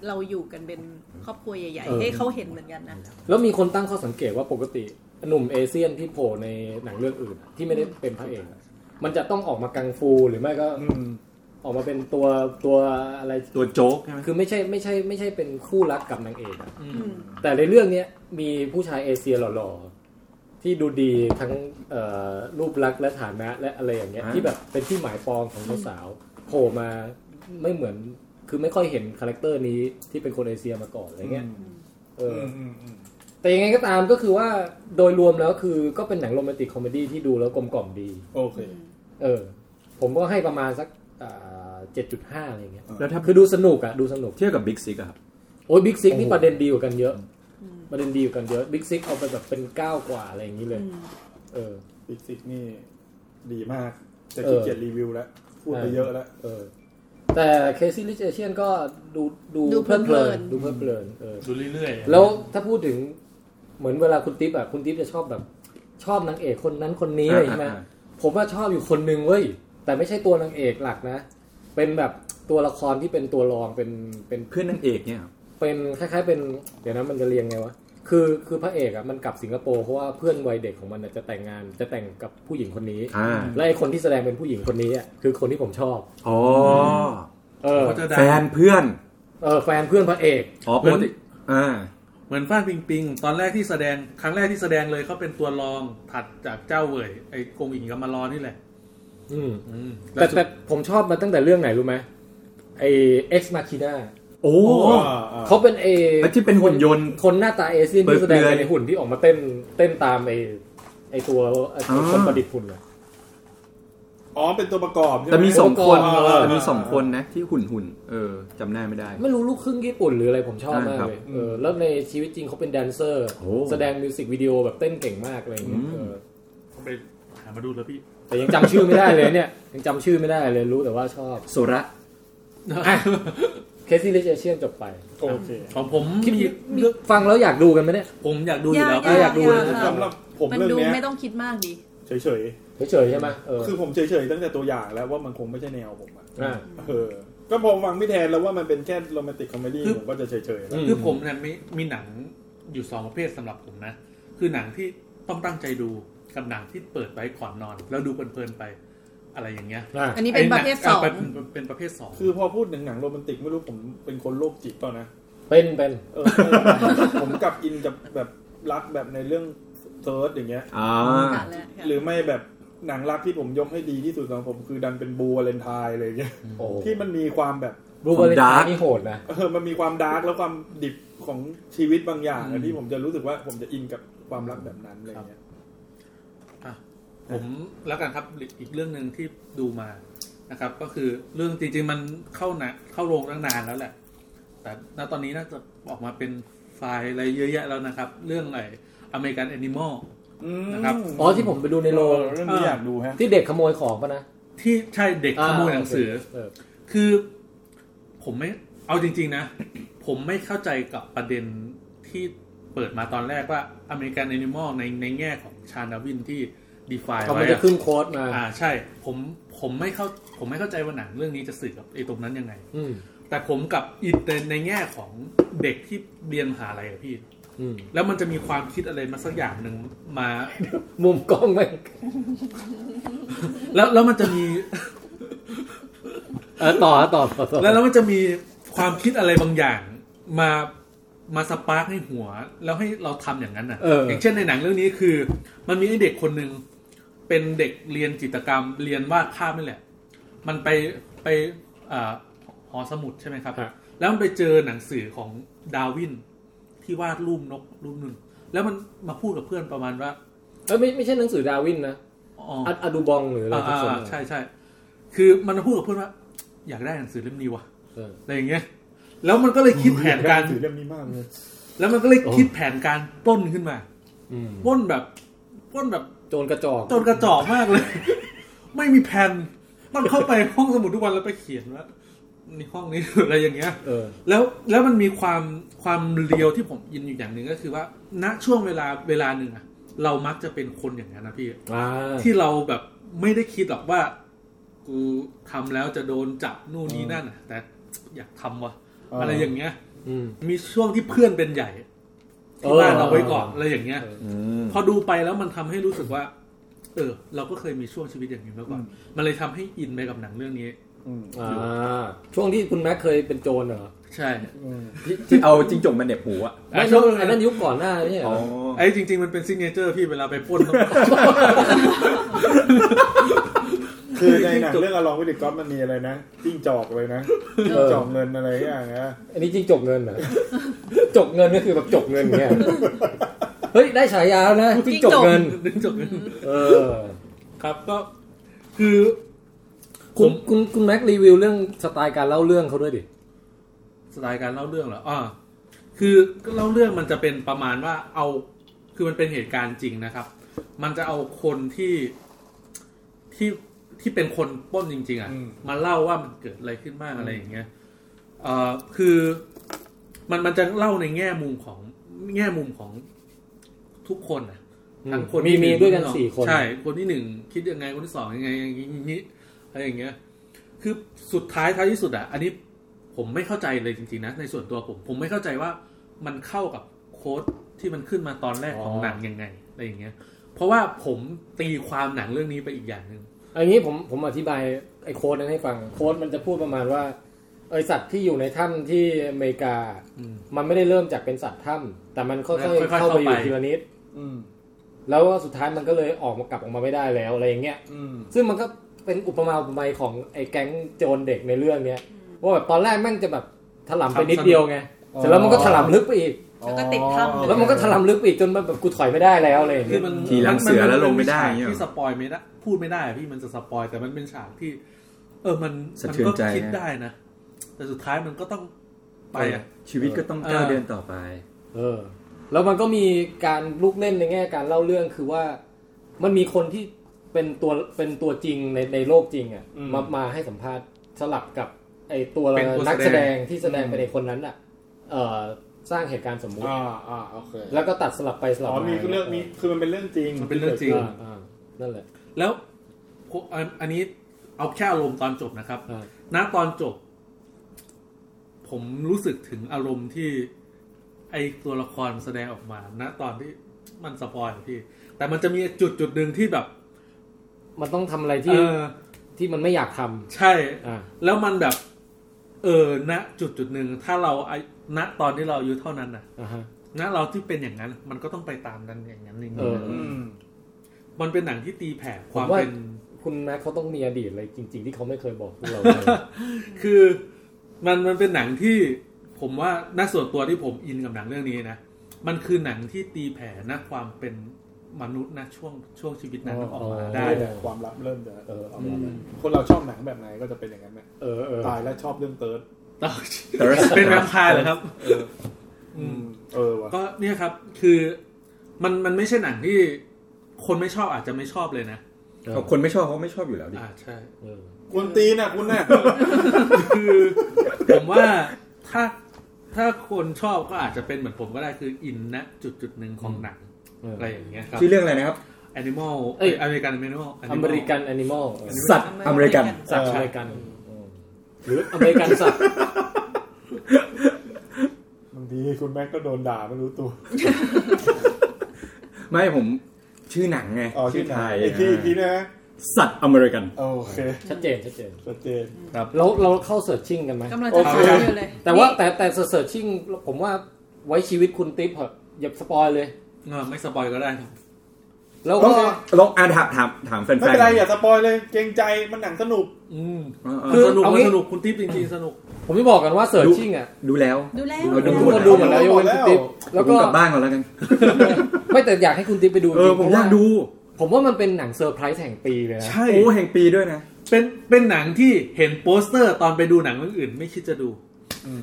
Speaker 7: เราอยู่กันเป็นครอบครัวใหญ่
Speaker 3: เออ
Speaker 7: ๆให้เขาเห็นเหมือนกันนะ
Speaker 3: แล้วมีคนตั้งข้อสังเกตว่าปกติหนุ่มเอเชียนที่โผล่ในหนังเรื่องอื่น ที่ไม่ได้เป็นพระเอกอะมันจะต้องออกมากังฟูหรือไม่ก็
Speaker 6: อืม
Speaker 3: ออกมาเป็นตัวตัวอะไร
Speaker 4: ตัวโจ๊กใช่ไหม
Speaker 3: คือไม่ใช่ไม่ใช่ไม่ใช่เป็นคู่รักกับนางเอกอะ
Speaker 7: อืม
Speaker 3: แต่ในเรื่องเนี้ยมีผู้ชายเอเชียหล่อๆที่ดูดีทั้งเอ่อรูปลักษณ์และฐานะและอะไรอย่างเงี้ยที่แบบเป็นที่หมายปองของสาวๆโผล่มาไม่เหมือนคือไม่ค่อยเห็นคาแรคเตอร์นี้ที่เป็นคนเอเชียมาก่อนอะไรเงี้ยเอออ
Speaker 6: อืมอืม
Speaker 3: แต่ยังไงก็ตามก็คือว่าโดยรวมแล้วคือก็เป็นหนังโรแมนติกคอมเมดี้ที่ดูแล้วกลมกล่อมดี
Speaker 6: โอเค
Speaker 3: เออ ผมก็ให้ประมาณสักเจ็ดจุดห้าอะไรเงี้ย
Speaker 4: แล้วถ้า
Speaker 3: คือดูสนุกอะดูสนุก
Speaker 4: เทียบกับบิ๊กซิกอะครับ
Speaker 3: โอ้ยบิ๊กซิกนี่
Speaker 4: โอ้โห
Speaker 3: ประเด็นดีกว่ากันเยอะ ประเด็นดีกว่ากันเยอะบิ๊กซิกเอาไปแบบเป็นเก้ากว่าอะไรอย่างนี้เลย เออ
Speaker 6: ปิกซิกนี่ดีมากจะ
Speaker 3: เออ
Speaker 6: ขี้เกียจรีวิวแล้ว พูดไป
Speaker 3: ใช่
Speaker 6: เยอะแล้ว
Speaker 3: เออ แต่เคซี่ลิเจเชียนก็ดูดู
Speaker 7: ดูเพลินๆ
Speaker 3: ดูเพลินเพลินๆเออ
Speaker 2: ดูเรื่อยๆ
Speaker 3: แล้วถ้าพูดถึงเหมือนเวลาคุณติ๊บอะคุณติ๊บจะชอบแบบชอบนางเอกคนนั้นคนนี้
Speaker 4: อ่า
Speaker 3: อะไรใช่ไหม
Speaker 4: อ่า
Speaker 3: ผมว่าชอบอยู่คนนึงเว้ยแต่ไม่ใช่ตัวนางเอกหลักนะ เป็นแบบตัวละครที่เป็นตัวรองเป็นเป็น
Speaker 4: เพื่อนนางเอกเนี่ยครับ
Speaker 3: เป็นคล้าย ๆ เป็นเดี๋ยวนะมันจะเรียงไงวะคือคือพระเอกอะมันกลับสิงคโปร์เพราะว่าเพื่อนวัยเด็กของมันน่ะจะแต่งงานจะแต่งกับผู้หญิงคนนี้
Speaker 4: อ่า
Speaker 3: และไอคนที่แสดงเป็นผู้หญิงคนนี้อะคือคนที่ผมชอบ
Speaker 4: อ๋อ
Speaker 3: เออ
Speaker 2: เขาจะดั
Speaker 4: แฟ
Speaker 2: ง
Speaker 4: นเพื่อน
Speaker 3: เออแฟนเพื่อนพระเอก
Speaker 4: อ๋อปกติอ่า
Speaker 2: เหมือนฟ้านปิงปิงตอนแรกที่แสดงครั้งแรกที่แสดงเลยเขาเป็นตัวรองถัดจากเจ้าเว่ยไอ้กงอิงกับมารอนี่แหละ
Speaker 3: อืม
Speaker 2: อืม
Speaker 3: แต่
Speaker 2: ล้วสุด
Speaker 3: แต่ผมชอบมันตั้งแต่เรื่องไหนรู้ไหมไอเอ็กซ์มาคิน่า
Speaker 4: โอ้
Speaker 3: เขาเป็นเอ
Speaker 4: แล้วที่เป็นหุ่นยนต์
Speaker 3: คนหน้าตาเอเชียนที่แสดง
Speaker 4: เปลือย
Speaker 3: ในหุ่นที่ออกมาเต้นเต้นตามไอไอตัวไอ้
Speaker 4: อ่า
Speaker 3: คนประดิษฐ์หุ่นอะ
Speaker 6: อ๋อ เป็นตัวประกอบใช่ไห
Speaker 4: แต่มีสองคน
Speaker 3: อุปกรณ์เออ
Speaker 4: แต่มีสองคนนะที่หุ่นหุ่นๆเออจำหน้าไม่ได้
Speaker 3: ไม่รู้ลูกครึ่งญี่ปุ่นหรืออะไรผมชอบมาก
Speaker 4: ใช่ครับ
Speaker 3: เลยเออแล้วในชีวิตจริงเขาเป็นแดนเซอร์
Speaker 4: โอ้
Speaker 3: แสดงมิวสิกวิดีโอแบบเต้นเก่งมากอะไรอย่างเงี้ย
Speaker 4: อืม
Speaker 3: เออ
Speaker 2: เขาไปหามาดูแล้วพี่
Speaker 3: แต่ยังจำชื่อไม่ได้เลยเนี่ย ยังจำชื่อไม่ได้เลยรู้แต่ว่าชอบ
Speaker 4: โซระ
Speaker 3: เคซี่เลเชเชียนจบไป
Speaker 6: โอเค
Speaker 2: ของผม
Speaker 3: คิด
Speaker 2: มีเรื่อง
Speaker 3: ฟังแล้วอยากดูกันไหมเนี่ย
Speaker 2: ผมอยากดูอยู่แล้ว
Speaker 7: ยากๆ
Speaker 2: อยากดู
Speaker 7: ยากๆ
Speaker 2: นะ
Speaker 6: สำหรับผม
Speaker 7: มัน
Speaker 6: เรื่อง
Speaker 7: ดู
Speaker 6: เนี้ย
Speaker 7: ไม่ต้องคิดมากดี
Speaker 6: เฉย
Speaker 3: เฉยๆใช่ไหมเออ
Speaker 6: ๆ คือผมเฉยๆ ตั้งแต่ตัวอย่างแล้วว่ามันคงไม่ใช่แนวผมอะ
Speaker 3: อ่า
Speaker 6: เออ ก็พอฟังพี่แทนแล้วว่ามันเป็นแค่โรแมนติกคอมเมดี้ผมก็จะเฉยๆแล้ว
Speaker 3: อื
Speaker 2: คือผมเนี่ยมีมีหนังอยู่สองประเภทสำหรับผมนะ คือหนังที่ต้องตั้งใจดูกับหนังที่เปิดไว้ก่อนนอน แล้วดูเพลินๆไปอะไรอย่างเงี้ย
Speaker 3: อ่า
Speaker 7: อันนี้เป็นประเภทสอง
Speaker 2: ไหนัะเป็นเป็นประเภทสอง
Speaker 6: คือพอพูดถึงหนังโรแมนติกไม่รู้ผมเป็นคนโรคจิตเปล่านะ
Speaker 3: เป็นเป็น
Speaker 6: เออ ผมกลับอินกับแบบรักแบบในเรื่องเซิร์ชอย่างเงี้ย
Speaker 4: อ่า
Speaker 7: กัดแล้วค่ะ
Speaker 6: หรือไม่แบบหนังรักที่ผมยกให้ดีที่สุดของผมคือดันเป็นบูวาเลนไทน์อะไรอย่างเงี้ย
Speaker 3: โอ้
Speaker 6: ที่มันมีความแบบ
Speaker 3: รูบาเลนไทน์นี่โหดนะ
Speaker 6: เออ มันมีความดาร์กและความดิบของชีวิตบางอย่างอะที่ผมจะรู้สึกว่าผมจะอินกับความรักแบบนั้นอะไรเงี้ย
Speaker 2: อ่ะผมแล้วกันครับอีกเรื่องหนึ่งที่ดูมานะครับ ก็คือเรื่องจริงๆมันเข้าหนะเข้าโรงตั้งนานแล้วแหละ แต่ณตอนนี้น่าจะออกมาเป็นไฟล์อะไรเยอะแยะแล้วนะครับ เรื่องอะไรอเมริกันแอนิมอล
Speaker 6: อืม
Speaker 2: นะครับ
Speaker 3: อ๋อที่ผมไปดูในโรง
Speaker 6: เรื่องนี้อยากดูฮะ
Speaker 3: ที่เด็กขโมยของปะนะ
Speaker 2: ที่ใช่เด็กขโมยหนังสือ
Speaker 3: เอ
Speaker 2: คือผมไม่เอาจริง ๆ นะ ผมไม่เข้าใจกับประเด็นที่เปิดมาตอนแรกว่าอเมริกันแอนิมอลในในแง่ของชาดาวินที่ดีฟาย
Speaker 3: เขา
Speaker 2: ไว้
Speaker 3: ไม่ได้
Speaker 2: อะ
Speaker 3: ขึ้นโค้ดมา
Speaker 2: อ่าใช่ ผมผมไม่เข้าผมไม่เข้าใจว่าหนังเรื่องนี้จะสื่อกับไอ้ตรงนั้นยังไง
Speaker 3: อืม
Speaker 2: แต่ผมกับอินในในแง่ของเด็กที่เรียนมหาลัยอะพี่
Speaker 3: อืม
Speaker 2: แล้วมันจะมีความคิดอะไรมาสักอย่างหนึ่งมา
Speaker 3: มุมกล้องไม่
Speaker 2: แล้วแล้วมันจะมี
Speaker 3: เออต่อต่อต่อต่อ
Speaker 2: แล้วแล้วมันจะมีความคิดอะไรบางอย่างมามาสปาร์กให้หัว แล้วให้เราทำอย่างนั้นอ่ะ
Speaker 3: เออ
Speaker 2: อย่างเช่นในหนังเรื่องนี้คือ มันมีไอ้เด็กคนหนึ่งเป็นเด็กเรียนจิตรกรรม เรียนวาดภาพนี่แหละ มันไปไปเอ่อหอสมุดใช่ไหมครับ
Speaker 3: ฮะ
Speaker 2: แล้วมันไปเจอหนังสือของดาร์วินที่วาดรูปนกรูปหนึ่งแล้วมันมาพูดกับเพื่อนประมาณว่า
Speaker 3: เออไม่ไม่ใช่หนังสือดาร์วินนะ
Speaker 2: อ๋อ
Speaker 3: อัดอะดูบองหรืออะไร
Speaker 2: อ่า
Speaker 3: สักคน
Speaker 2: อ่าใช่ใช่คือมันมาพูดกับเพื่อนว่า อยากได้หนังสือเล่มนี้ว่ะ
Speaker 3: เออ
Speaker 2: อะไรอย่างเงี้ย แล้วมันก็เลยคิดแผนการ
Speaker 6: ถือเรื่องนี้มากเลย
Speaker 2: แล้วมันก็เลย
Speaker 3: โอ้
Speaker 2: คิดแผนการปล้นขึ้นมา
Speaker 3: อืม
Speaker 2: ปล้นแบบปล้นแบบ
Speaker 3: โจรกระจอก
Speaker 2: จนกระจอกมากเลย ไม่มีแผน ต้องเข้าไปห้องสมุดทุกวันแล้วไปเขียนว่าในห้องนี้ อะไรอย่างเงี้ย
Speaker 3: เออ
Speaker 2: แล้วแล้วมันมีความความเลียวที่ผมยินอยู่อย่างหนึ่งก็คือว่า ณช่วงเวลาเวลาหนึ่งอะเรามักจะเป็นคนอย่างนั้นนะพี่
Speaker 3: อ่า
Speaker 2: ที่เราแบบไม่ได้คิดหรอกว่า กูทำแล้วจะโดนจับนู่นนี่นั่นอะแต่อยากทำวะ
Speaker 6: เอออ
Speaker 2: อะไรอย่างเงี้ย
Speaker 3: อืม
Speaker 2: มีช่วงที่เพื่อนเป็นใหญ่ที่บ้านเอาไว้ก่อนอะไรอย่างเงี้ย พอดูไปแล้วมันทำให้รู้สึกว่า เออ เราก็เคยมีช่วงชีวิตอย่างนี้มาก่อน มันเลยทำให้อินไปกับหนังเรื่องนี้
Speaker 3: อ่าช่วงที่คุณแม็กเคยเป็นโจรเหรอ
Speaker 2: ใช่
Speaker 4: ที่ที่เอาจิ้งจกมาเหน็บหูอ่ะ
Speaker 3: ไม่
Speaker 2: ช่วง
Speaker 3: อันนั้นยุคก่อนหน้านี่เหร
Speaker 4: อ๋อ
Speaker 3: อ
Speaker 2: ไอ้จริง ๆ มันเป็นซิกเนเจอร์พี่เวลาไป ปล้นต้อง
Speaker 6: คือในหนังเรื่องอลองวิดิกอมันมีอะไรนะจิ้งจอกเลยนะจิ้งจอกเงินอะไรอย่างเงี้ย
Speaker 3: อันนี้จริงจกเงินเหรอ จกเงินก็คือแบบจกเงินเงี้ยเฮ้ยได้ฉายาแล้วนะจริงจกเงิน
Speaker 2: ดึงจบกัน
Speaker 3: เออ
Speaker 2: ครับก็คือผ
Speaker 3: คุณ
Speaker 2: ม
Speaker 3: คุณคุณแม็กรีวิวเรื่องสไตล์การเล่าเรื่องเขาด้วยดิ
Speaker 2: สไตล์การเล่าเรื่องเหรออ่าคือเล่าเรื่องมันจะเป็นประมาณว่าเอา คือมันเป็นเหตุการณ์จริงนะครับ มันจะเอาคนที่ที่ที่เป็นคนปล้นจริง ๆ อ่ะ มาเล่าว่ามันเกิดอะไรขึ้นบ้างอะไรอย่างเงี้ยเอ่อคือมันมันจะเล่าในแง่มุมของแง่มุมของทุกคนนะทั้งคน
Speaker 3: มี
Speaker 2: ที่ห
Speaker 3: มี
Speaker 2: ง
Speaker 3: ด้วยกัน
Speaker 2: ที่อง
Speaker 3: สี่คน
Speaker 2: ใช่ คนที่หนึ่งคิดยังไงคนที่สองยังไงอย่างงี้อย่างงี้อะไรอย่างเงี้ย คือสุดท้ายท้ายที่สุดอ่ะ อันนี้ผมไม่เข้าใจเลยจริงๆนะในส่วนตัวผม ผมไม่เข้าใจว่ามันเข้ากับโค้ดที่มันขึ้นมาตอนแรกของหนังยังไงอะไรอย่างเงี้ย เพราะว่าผมตีความหนังเรื่องนี้ไปอีกอย่างหนึ่ง
Speaker 3: อันนี้ผมผมอธิบายไอ้โค้ดนั้นให้ฟัง โค้ดมันจะพูดประมาณว่าไอสัตว์ที่อยู่ในถ้ำที่อเมริกา
Speaker 2: อืม
Speaker 3: มันไม่ได้เริ่มจากเป็นสัตว์ถ้ำแต่มันค่อย
Speaker 2: ค่อย
Speaker 3: ๆ
Speaker 2: ๆเข้า
Speaker 3: เข้าไป
Speaker 2: ไป
Speaker 3: อยู่ทีละนิด
Speaker 6: อืม
Speaker 3: แล้วก็สุดท้ายมันก็เลยออกมากลับออกมาไม่ได้แล้วอะไรอย่างเงี้ย
Speaker 6: อืม
Speaker 3: ซึ่งมันก็เป็นอุปมาอุปไมยของไอ้แก๊งโจรเด็กในเรื่องเนี้ยว่าแบบตอนแรกแม่งจะแบบถลำไปนิดเดียวไงเสร็จแล้วมันก็ถลำลึกไปอีก
Speaker 7: แล้วก็ติดถ้ำ
Speaker 3: แล้วมันก็ถลำลึกไปอีกจนมันแบบกูถอยไม่ได้แล้วอะไรอย่าง
Speaker 2: คื
Speaker 3: เงี้
Speaker 2: อย มัน
Speaker 4: ขี่หลังเสือแล้วลงไม่ได้
Speaker 2: นเป็นฉาก
Speaker 4: เงี้ย
Speaker 2: ที่สปอยไม่ได้พูดไม่ได้อะพี่มันจะสปอยแต่มันเป็นฉากที่ เออมัน
Speaker 4: สะ
Speaker 2: มั
Speaker 4: เทือน
Speaker 2: ก็
Speaker 4: ใจนะ
Speaker 2: คิดได้นะแต่สุดท้ายมันก็ต้องไปอะ
Speaker 4: ชีวิตก็ต้องก้าว
Speaker 2: เออ
Speaker 4: เดินต่อไป
Speaker 3: เออ แล้วมันก็มีการลูกเล่นในแง่การเล่าเรื่องคือว่ามันมีคนที่เป็นตัวเป็นตัวจริงในในโลกจริงอ่ะมามาให้สัมภาษณ์สลับกับไอ้ตัว
Speaker 2: เป็นตัว
Speaker 3: นัก
Speaker 2: แส
Speaker 3: แส
Speaker 2: ด
Speaker 3: ด
Speaker 2: ง
Speaker 3: งที่แสดงไปในคนนั้นอ่ะเออสร้างเหตุการณ์สมมุติ
Speaker 6: อ่าอ่าโอเค
Speaker 3: แล้วก็ตัดสลับไปสลับ
Speaker 6: อ๋อ
Speaker 3: มา
Speaker 6: มีเรื่องมีคือมันเป็นเรื่องจริง
Speaker 2: มันเป็นเรื่องจริง
Speaker 3: อ่าอ่านั่นแหละ
Speaker 2: แล้วผมอันอันนี้เอาแค่อารมณ์ตอนจบนะครับ
Speaker 3: อ่า
Speaker 2: ณตอนจบ ผมรู้สึกถึงอารมณ์ที่ไอตัวละครแสดงออกมาณตอนที่มันสปอยอะพี่ แต่มันจะมีจุดจุดหนึ่งที่แบบ
Speaker 3: มันต้องทำอะไร
Speaker 2: เอ
Speaker 3: ที่
Speaker 2: อ
Speaker 3: ที่มันไม่อยากทำ
Speaker 2: ใช่
Speaker 3: อ่า
Speaker 2: แล้วมันแบบ เออณจุดจุดหนึ่งถ้าเราอายุณตอนที่เราอายุเท่านั้นนะ
Speaker 3: อ่าฮะ
Speaker 2: ณเราที่เป็นอย่างนั้น มันก็ต้องไปตามนั้นอย่างนั้นอย่าง
Speaker 3: เอ
Speaker 2: นี้
Speaker 3: อ
Speaker 6: อืม
Speaker 2: มันเป็นหนังที่ตีแผ่ค
Speaker 3: ผ
Speaker 2: วาม ม
Speaker 3: ว่า
Speaker 2: เป็น
Speaker 3: คุณแม็กเขาต้องมีอดีตอะไรจริง ๆ ที่เขาไม่เคยบอกพวกเราเลย
Speaker 2: คือมันมันเป็นหนังที่ผมว่านักส่วนตัวที่ผมอินกับหนังเรื่องนี้นะ มันคือหนังที่ตีแผ่นะความเป็นมนุษย์นะช่วงช่วงชีวิตนั้นออกมาได้
Speaker 3: เลย
Speaker 6: ความลับเริ่มจะเออเอามา
Speaker 2: อืม
Speaker 6: คนเราชอบหนังแบบไหนก็จะเป็นอย่างนั้นแหละ
Speaker 3: เออเออ
Speaker 6: ตายแล้วชอบเรื่องเติร์ด
Speaker 2: ต่อ
Speaker 4: Thirst
Speaker 2: เป็นแวมไพร์เหรอครับ
Speaker 6: เออ
Speaker 2: อืม
Speaker 6: เออว่ะ
Speaker 2: ก็เนี่ยครับคือมันมันไม่ใช่หนังที่คนไม่ชอบอาจจะไม่ชอบเลยนะ
Speaker 4: เอาคนไม่ชอบเขาไม่ชอบอยู่แล้วดิ
Speaker 2: อ่าใช่
Speaker 3: เออ
Speaker 6: กวนตีนน่ะคุณน่ะ
Speaker 2: คือผมว่าถ้าถ้าคนชอบก็อาจจะเป็นเหมือนผมก็ได้คืออินนะจุดจุดหนึ่งของหนัง
Speaker 3: เอออ
Speaker 2: อะไรอย่างเงี้ยครับ
Speaker 4: ชื่อเรื่องอะไรนะครับ
Speaker 2: Animal
Speaker 3: เอ้
Speaker 2: เอ้ยอ
Speaker 3: ย
Speaker 2: เมริกันอเมริกัน
Speaker 3: อเมริกันแอนิมอล
Speaker 4: สัตว์อเมริกัน
Speaker 3: สัตว์อเมริกันเออหรืออเมริกันสัตว์
Speaker 6: บางทีคุณแม็กก็โดนด่าไม่รู้ตัว
Speaker 4: ไม่ผมชื่อหนังไง
Speaker 6: อ๋อ
Speaker 4: ชื่
Speaker 6: ที่
Speaker 4: อไท
Speaker 6: ไหน
Speaker 4: ย
Speaker 6: อีกทีอีกทีนะ
Speaker 4: สัตว์อเมริกัน
Speaker 6: โอเค
Speaker 3: ชัดเจนชัดเจน
Speaker 6: ชัดเจน
Speaker 3: เราเราเข้าเสิร์ชชิ่งกันไหม
Speaker 7: กำลังจะถามอยู่เลย
Speaker 3: แต่ว่าแต่แต่เสิร์ชชิ่งผมว่าไว้ชีวิตคุณติ๊บเหอะอย่าสปอยเลย
Speaker 2: เออไม่สปอยก็ได้ครับ
Speaker 3: แล้ว
Speaker 4: ต้อง
Speaker 3: ก็
Speaker 4: ลองอ่านถามถามถามแฟนๆ
Speaker 6: ไม่เป็นไรอย่าสปอยเลยเกรงใจมันหนังสนุก
Speaker 2: อืม
Speaker 4: เออเอ
Speaker 3: คือ อ
Speaker 2: สนุก
Speaker 3: เา
Speaker 2: มั
Speaker 3: งี้
Speaker 2: นสนุกคุณทิพย์จริงๆสนุก
Speaker 3: ผมจะบอกกันว่าเสิร์ชชิ่งอ่ะ
Speaker 4: ดูแล้ว
Speaker 5: ดูแล้ว
Speaker 4: เราดู
Speaker 3: ทุ
Speaker 4: ห
Speaker 3: กค
Speaker 4: มด
Speaker 3: น
Speaker 4: แล้ว
Speaker 3: ดูหมดแล้วยกเว้นคุณติ๊บแล้ว
Speaker 4: ผ
Speaker 3: ก็
Speaker 4: มกลับบ้านก่อนแล้วกัน
Speaker 3: ไม่แต่อยากให้คุณติ๊บไปดู
Speaker 4: เออ
Speaker 3: จริงๆ
Speaker 4: ผม
Speaker 3: เพระ
Speaker 4: อยากดู
Speaker 3: ผมว่ามันเป็นหนังเซอร์ไพรส์แห่งปีเลยนะ
Speaker 4: ใช่โอ้แห่งปีด้วยนะ
Speaker 2: เป็นเป็นหนังที่เห็นโปสเตอร์ตอนไปดูหนังเรื่องอื่น ไม่คิดจะดู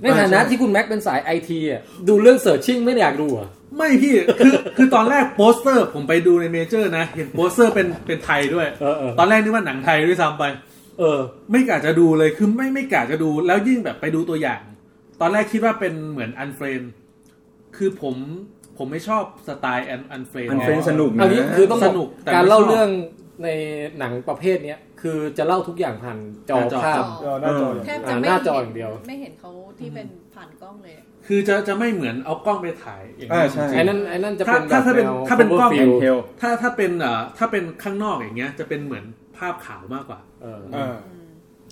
Speaker 3: ในฐานะที่คุณแม็กเป็นสายไอทีอ่ะดูเรื่องเสิร์ชชิ่งไม่ได้อยากดูเหรอ่ะ
Speaker 2: ไม่พี่ คือคือตอนแรกโปสเตอร์ผมไปดูในเมเจอร์นะ เห็นโปสเตอร์เป็นเป็นไทยด้วย
Speaker 3: เออเออ
Speaker 2: ตอนแรกนึกว่าหนังไทยด้วยซ้ำไป
Speaker 3: เออ
Speaker 2: ไม่กะจะดูเลยคือไม่ไม่กะจะดูแล้วยิ่งแบบไปดูตัวอย่าง ตอนแรกคิดว่าเป็นเหมือนอันเฟรนคือผมผมไม่ชอบสไตล์อันอันเฟรน
Speaker 4: อันเฟรนสนุก
Speaker 3: อัน
Speaker 4: นะ
Speaker 3: นี้คือต้องบ
Speaker 2: ส
Speaker 3: อ
Speaker 2: นุ
Speaker 3: ก
Speaker 2: กแต่
Speaker 3: การเล่า
Speaker 2: ไม่ชอบ
Speaker 3: เรื่องในหนังประเภทเนี้ยคือจะเล่าทุกอย่างผ่านจอ
Speaker 2: ผ่านจอ
Speaker 3: ภาพ
Speaker 6: เออหน้าจออย่าง
Speaker 7: แทบจะไม่
Speaker 3: อ่า
Speaker 6: เดียว
Speaker 3: หน้าจอ
Speaker 7: เห็
Speaker 3: อน ย่างเดียว
Speaker 7: ไม่เห็นเขาที่เป็นผ่านกล้องเลย
Speaker 2: คือจะจะไม่เหมือนเอากล้องไปถ่ายอย่าง
Speaker 4: อ่า
Speaker 2: นั้น
Speaker 4: ใช่
Speaker 3: ไอ้นั่นไอ้นั่นจะเป็น
Speaker 2: ถ้าถ้าเป็น
Speaker 3: แว
Speaker 2: ถ้าเป็น
Speaker 3: cover
Speaker 2: กล้อง
Speaker 4: แอ
Speaker 3: feel
Speaker 4: นเทล
Speaker 2: ถ้าถ้าเป็นเอ่อถ้าเป็นข้างนอกอย่างเงี้ย จะเป็นเหมือนภาพขาวมากกว่า
Speaker 3: เออ
Speaker 6: เออ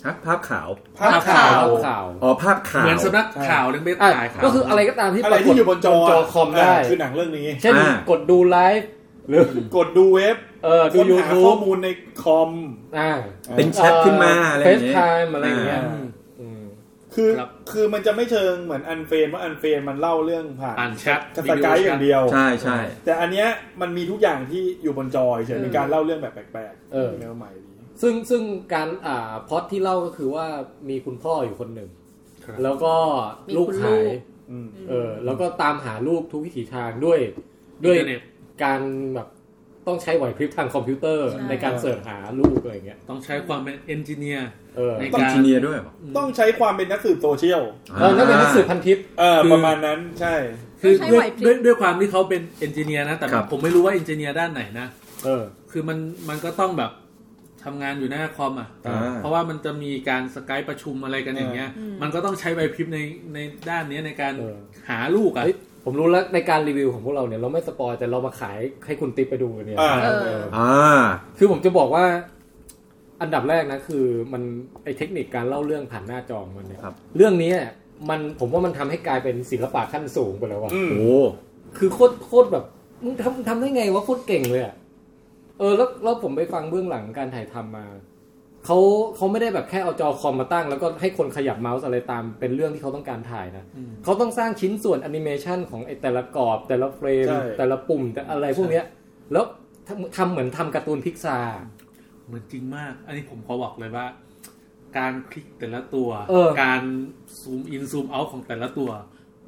Speaker 4: ฮะภาพขาว
Speaker 6: ภาพข่าว
Speaker 3: ภาพข่าว
Speaker 4: อ๋อภาพขาว
Speaker 2: เหมือนสำนักข่าวหรือไป
Speaker 3: อ่ะ
Speaker 2: ถ่ายข่าว
Speaker 3: ก็คืออะไรก็ตามที่
Speaker 6: อะ
Speaker 3: ป
Speaker 6: ไร
Speaker 3: รากฏ
Speaker 6: ที่อยู่บนจอ
Speaker 3: จอคอมได้
Speaker 6: คือหนังเรื่องนี้
Speaker 3: เช่น
Speaker 4: อ่า
Speaker 3: กดดูไลฟ์หรือก
Speaker 6: ดดูเว็บ
Speaker 3: เออดู
Speaker 6: ค้น
Speaker 3: ยู
Speaker 6: หา
Speaker 3: ทู
Speaker 6: ข้อบ มูลในคอม
Speaker 3: อ่า
Speaker 4: เป็นแชทขึ้นมาอะไรอย่า
Speaker 3: เฟซ
Speaker 4: งเงี้ย
Speaker 3: ไทม์อะไรอย่างเงี้ย
Speaker 6: อ่า
Speaker 3: อืม
Speaker 6: คือ
Speaker 2: ครับ
Speaker 6: คือมันจะไม่เชิงเหมือนอันเฟนว่าอันเฟนมันเล่าเรื่องผ่าน
Speaker 2: อ่านแชท
Speaker 6: กระสกายอย่างเดียว
Speaker 4: ใช่ใช่
Speaker 6: แต่อันเนี้ยมันมีทุกอย่างที่อยู่บนจอเฉยๆเป็นการเล่าเรื่องแบบแปลก
Speaker 3: เออ
Speaker 6: ๆแนวใหม่ดี
Speaker 3: ซึ่งซึ่งการอ่าพล็อดที่เล่าก็คือว่ามีคุณพ่ออยู่คนหนึ่ง
Speaker 2: ครับ
Speaker 3: แล้วก็ลูก
Speaker 7: มีคุณลู
Speaker 3: หาย
Speaker 7: ก
Speaker 6: อืม
Speaker 3: เออแล้วก็ตามหาลูกทุกวิถีทางด้วยด้วย
Speaker 2: อินเทอร์เน็ต
Speaker 3: การแบบต้องใช้ไหวพริบทางคอมพิวเตอร์
Speaker 7: ใช่
Speaker 3: ในการเสิร์ชหาลูกอะไรอย่างเงี้ย
Speaker 2: ต้องใช้ความเป็นเอนจิเนียร์
Speaker 3: เออ
Speaker 2: ใน
Speaker 4: ต้องอินจิเนียร์ด้วยเหรอ
Speaker 6: ต้องใช้ความเป็นนักสืบโซเชียล
Speaker 3: เออนั่นเป็นหนังสือพันทิป
Speaker 6: เออ
Speaker 2: คือ
Speaker 6: ประมาณนั้นใช่
Speaker 2: คือ
Speaker 7: ใช้
Speaker 2: ด้
Speaker 7: ไห
Speaker 2: ว
Speaker 7: วย พริบ
Speaker 2: ด้วยด้วยความที่เขาเป็นเอนจิเนียร์นะ แต่
Speaker 3: ครับ
Speaker 2: ผมไม่รู้ว่าเอนจิเนียร์ด้านไหนนะ
Speaker 3: เออ
Speaker 2: คือมันมันก็ต้องแบบทำงานอยู่หน้าคอมอ่ะ
Speaker 4: อ่า
Speaker 2: เพราะว่ามันจะมีการสกายประชุมอะไรกันอย่างเงี้ย มันก็ต้องใช้ใบพริบในในด้านเนี้ยในการ
Speaker 3: เออ
Speaker 2: หาลูกอ่ะ
Speaker 3: เฮ้ยผมรู้แล้วในการรีวิวของพวกเราเนี่ยเราไม่สปอยแต่เรามาขายให้คุณติ๊บไปดูเนี่ย
Speaker 6: อ่า
Speaker 3: เออ
Speaker 7: เออ
Speaker 4: อ่า
Speaker 3: คือผมจะบอกว่า อันดับแรกนะคือมันไอเทคนิคการเล่าเรื่องผ่านหน้าจอของมันเนี่ยเรื่องนี้เนี่ยมันผมว่ามันทำให้กลายเป็นศิลปะขั้นสูงไปแล้วว่ะ
Speaker 6: อืม
Speaker 4: โอ้
Speaker 3: คือโคตรโคตรแบบมึงทำทำได้ไงวะโคตรเก่งเลยอะเออแล้วแล้วผมไปฟังเบื้องหลังการถ่ายทำมาเขาเขาไม่ได้แบบแค่เอาจอคอมมาตั้ง แล้วก็ให้คนขยับเมาส์อะไรตามเป็นเรื่องที่เขาต้องการถ่ายนะ
Speaker 2: อืม
Speaker 3: เขาต้องสร้างชิ้นส่วนแอนิเมชันของไอ้แต่ละกรอบแต่ละเฟรม
Speaker 6: ใช่
Speaker 3: แต่ละปุ่มแต่อะไรพวกเนี้ย แล้วทำทำเหมือนทำการ์ตูนพิกซา
Speaker 2: เหมือนจริงมาก อันนี้ผมขอบอกเลยว่า การคลิกแต่ละตัว
Speaker 3: เออ
Speaker 2: การซูมอินซูมเอาท์ของแต่ละตัว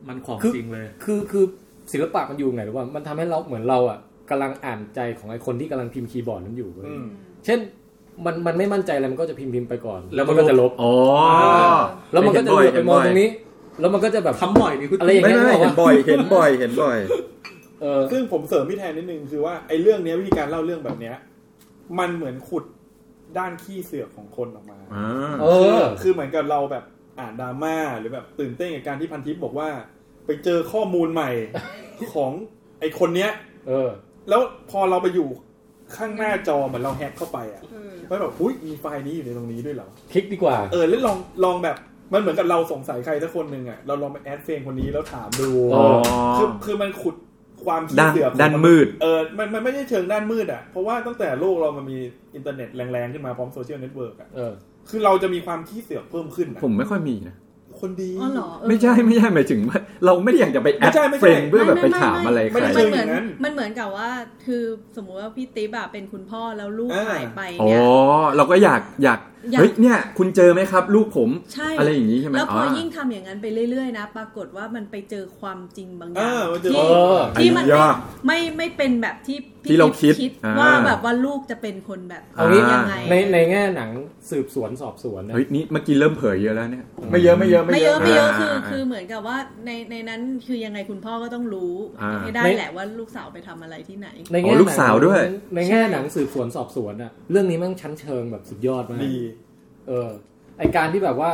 Speaker 2: มันของ
Speaker 3: คือ
Speaker 2: จริงเลย
Speaker 3: คือคือศิลปะมันอยู่ไงหรือว่ามันทำให้เราเหมือนเราอ่ะกำลังอ่านใจของไอ้คนที่กำลังพิมพ์คีย์บอร์ดนั้นอยู่เว้ย
Speaker 6: อืม
Speaker 3: เช่นมันมันไม่มั่นใจอะไรมันก็จะพิมพ์พิมพ์ไปก่อน
Speaker 2: แล้
Speaker 3: แล้ว ว
Speaker 2: มั
Speaker 3: มัน
Speaker 2: ก็
Speaker 3: นก็จะลบ
Speaker 4: อ๋อ
Speaker 3: แล้วมันก็จะเหลือบไปมองตรงนี้ แล้วมันก็จะแบบ
Speaker 2: ทำบ่อยดิคุณ
Speaker 3: อะไรอย่าง
Speaker 4: ไม่ไม่เห็นบ่อยเห็นบ่อยเห็นบ่อย
Speaker 3: เออ
Speaker 6: ซึ่งผมเสริมพี่แทนนิดนึงคือว่าไอ้เรื่องเนี้ยวิธีการเล่าเรื่องแบบเนี้ย มันเหมือนขุดด้านขี้เสือกของคนออกมา
Speaker 4: อ่า
Speaker 3: เออ
Speaker 6: คือเหมือนกับเราแบบอ่านดราม่าหรือแบบตื่นเต้นกับการที่พันทิปบอกว่า ไปเจอข้อมูลใหม่ ของไอ้คนเนี้ย
Speaker 3: เออ
Speaker 6: แล้วพอเราไปอยู่ข้างหน้าจอเหมือนเราแฮกเข้าไปอ่ะ
Speaker 7: อืม
Speaker 6: มันแบบอุ้ยมีไฟล์นี้อยู่ในตรงนี้ด้วยเหรอ
Speaker 3: คลิกดีกว่า
Speaker 6: เออแล้วลองลองแบบมันเหมือนกับเราสงสัยใครสักคนหนึ่งอ่ะเราลองไปแอดเฟรนคนนี้แล้วถามดู
Speaker 3: อ๋
Speaker 4: อ๋อ
Speaker 3: อ
Speaker 6: คือคือมันขุดความขี้
Speaker 4: ด้าน
Speaker 6: เสือกของ
Speaker 4: ด้านมืด
Speaker 6: เออมันมันไม่ใช่เชิงด้านมืดอ่ะเพราะว่าตั้งแต่โลกเรามันมีอินเทอร์เน็ตแรงๆขึ้นมาพร้อมโซเชียลเน็ตเวิร์กอ่ะ
Speaker 3: เออ
Speaker 6: คือเราจะมีความขี้เสือกเพิ่มขึ้นอะ
Speaker 4: ผมไม่ค่อยมีนะ
Speaker 6: คนดี
Speaker 7: อ๋อเหรอเออ
Speaker 4: ไม่ใช่ไม่ใช่หมายถึงว่าเราไม่ได้อยากจะไปแอด
Speaker 6: ไม่ใช่ไม่ใช่
Speaker 4: เฟรนด์เพื่อแบบไปถามอะไรใค
Speaker 6: ม่
Speaker 4: ร
Speaker 6: ด้
Speaker 7: มันเหมือน
Speaker 6: อย่างนั้น
Speaker 7: มันเหมือนกับว่า คือสมมุติว่าพี่ติ๊บอะเป็นคุณพ่อแล้วลูก
Speaker 6: อ่า
Speaker 7: หายไป
Speaker 4: อ๋อ
Speaker 7: เนี่ย
Speaker 4: เราก็อยากอยาก
Speaker 7: อยาก
Speaker 4: เฮ้ยเนี่ย คุณเจอไหมครับ ลูกผม
Speaker 7: ใช่
Speaker 4: อะไรอย่างนี้ใช่ไหม
Speaker 7: แล้วพออยิ่ง
Speaker 4: อ
Speaker 7: ทำอย่างนั้นไปเรื่อยๆนะปรากฏว่ามันไปเจอความจริงบางอ
Speaker 6: เอย่าง อมันเจอ
Speaker 3: เอ
Speaker 7: ที่
Speaker 3: อ
Speaker 7: ที่มัน
Speaker 4: ไอ้ย่า
Speaker 7: ไม่ไม่เป็นแบบที่พี่
Speaker 4: ที่เราคิด
Speaker 7: คิด
Speaker 4: อ่า
Speaker 7: ว่าแบบว่าลูกจะเป็นคนแบบ
Speaker 4: เอางี้
Speaker 7: ยังไง
Speaker 3: ในในแง่หนังสืบสวนสอบสวนนะ
Speaker 4: เฮ้ยนี่เมื่อกี้เริ่มเผยเยอะแล้วเนี่ย
Speaker 6: ไม่เยอะไม่เยอะ
Speaker 7: ไม่เยอะไม่เยอะคือ
Speaker 4: อ่า
Speaker 7: คือเหมือนกับว่าในในนั้นคือยังไงคุณพ่อก็ต้องรู้
Speaker 4: อ่า
Speaker 7: ให้ได้
Speaker 3: ใน
Speaker 7: แหละว่าลูกสาวไปทำอะไรที่ไหน
Speaker 3: ในแง่
Speaker 4: อ๋อลูกสาวด้วย
Speaker 3: หนังในแง่หนังสืบสวนสอบสวนอะเรื่องนี้แมันชั้นเชิงแบบสุดยอดมาก
Speaker 6: ดี
Speaker 3: เออ ไอการที่แบบว่า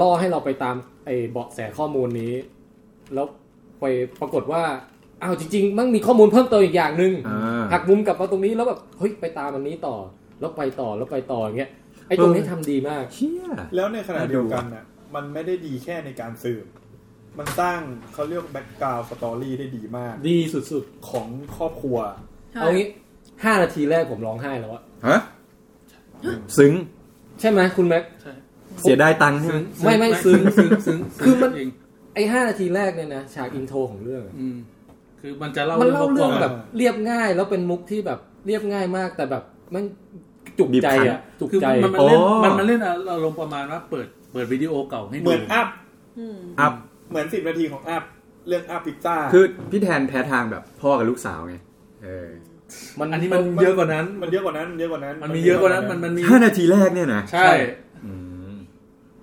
Speaker 3: ล่อให้เราไปตามไอเบาะแสข้อมูลนี้ แล้วไปปรากฏว่าอ้าวจริงๆ มันมีข้อมูลเพิ่มเติมอีกอย่างหนึ่ง
Speaker 4: อ่า
Speaker 3: หักมุมกลับมาตรงนี้แล้วแบบเฮ้ยไปตามอันนี้ต่อ แล้วไปต่อแล้วไปต่ออย่างเงี้ยไอตรงนี้ทำดีมาก
Speaker 4: เชี่ย
Speaker 6: แล้วในขณะเดียวกันอ่ะมันไม่ได้ดีแค่ในการสืบมันสร้างเขาเรียกแบ็กกราวสตอรี่ได้ดีมาก
Speaker 3: ดีสุด
Speaker 6: ของครอบครัว
Speaker 3: ๆ เอางี้ห้านาทีแรกผมร้องไห้แล้วอะ
Speaker 4: ฮะ ซึ้ง
Speaker 3: ใช่ไหมคุณแม็ก
Speaker 4: เสียดายตังค์ใช่ไหม
Speaker 3: ไม่ไม่ซึ้ง
Speaker 2: ซึ้งซึ้ง
Speaker 3: คือมัน
Speaker 2: จริง
Speaker 3: ไอห้านาทีแรกเนี่ยนะฉากอินโทรของเรื่องอะ
Speaker 2: อืมคือมันจะเล่า
Speaker 3: มันเล่าเรื่อง
Speaker 2: คบค
Speaker 3: แบ
Speaker 2: ว
Speaker 3: บเรียบง่ายแล้วเป็นมุกที่แบบเรียบง่ายมากแต่แบบมันจุกใจอ่ะจุก
Speaker 2: คือ
Speaker 3: ใจ
Speaker 2: มันมันเล่นมันมันเล่นอารมณ์ประมาณว่าเปิดเปิดวิดีโอเก่าให้ดู
Speaker 6: เหมือนอัพ
Speaker 7: อืม
Speaker 4: อัพ
Speaker 6: เหมือนสิบนาทีของอัพเรื่องอัพพิซซ่า
Speaker 4: คือพี่แทนแพ้ทางแบบพ่อกับลูกสาวไง เออ
Speaker 3: มัน
Speaker 2: อันนี้มันเยอะกว่านั้น
Speaker 6: มันเยอะกว่านั้นเยอะกว่านั้น
Speaker 2: มันมีเยอะกว่านั้น มันมันมี
Speaker 4: ห้านาทีแรกเนี่ยนะ
Speaker 2: ใช่
Speaker 4: อืม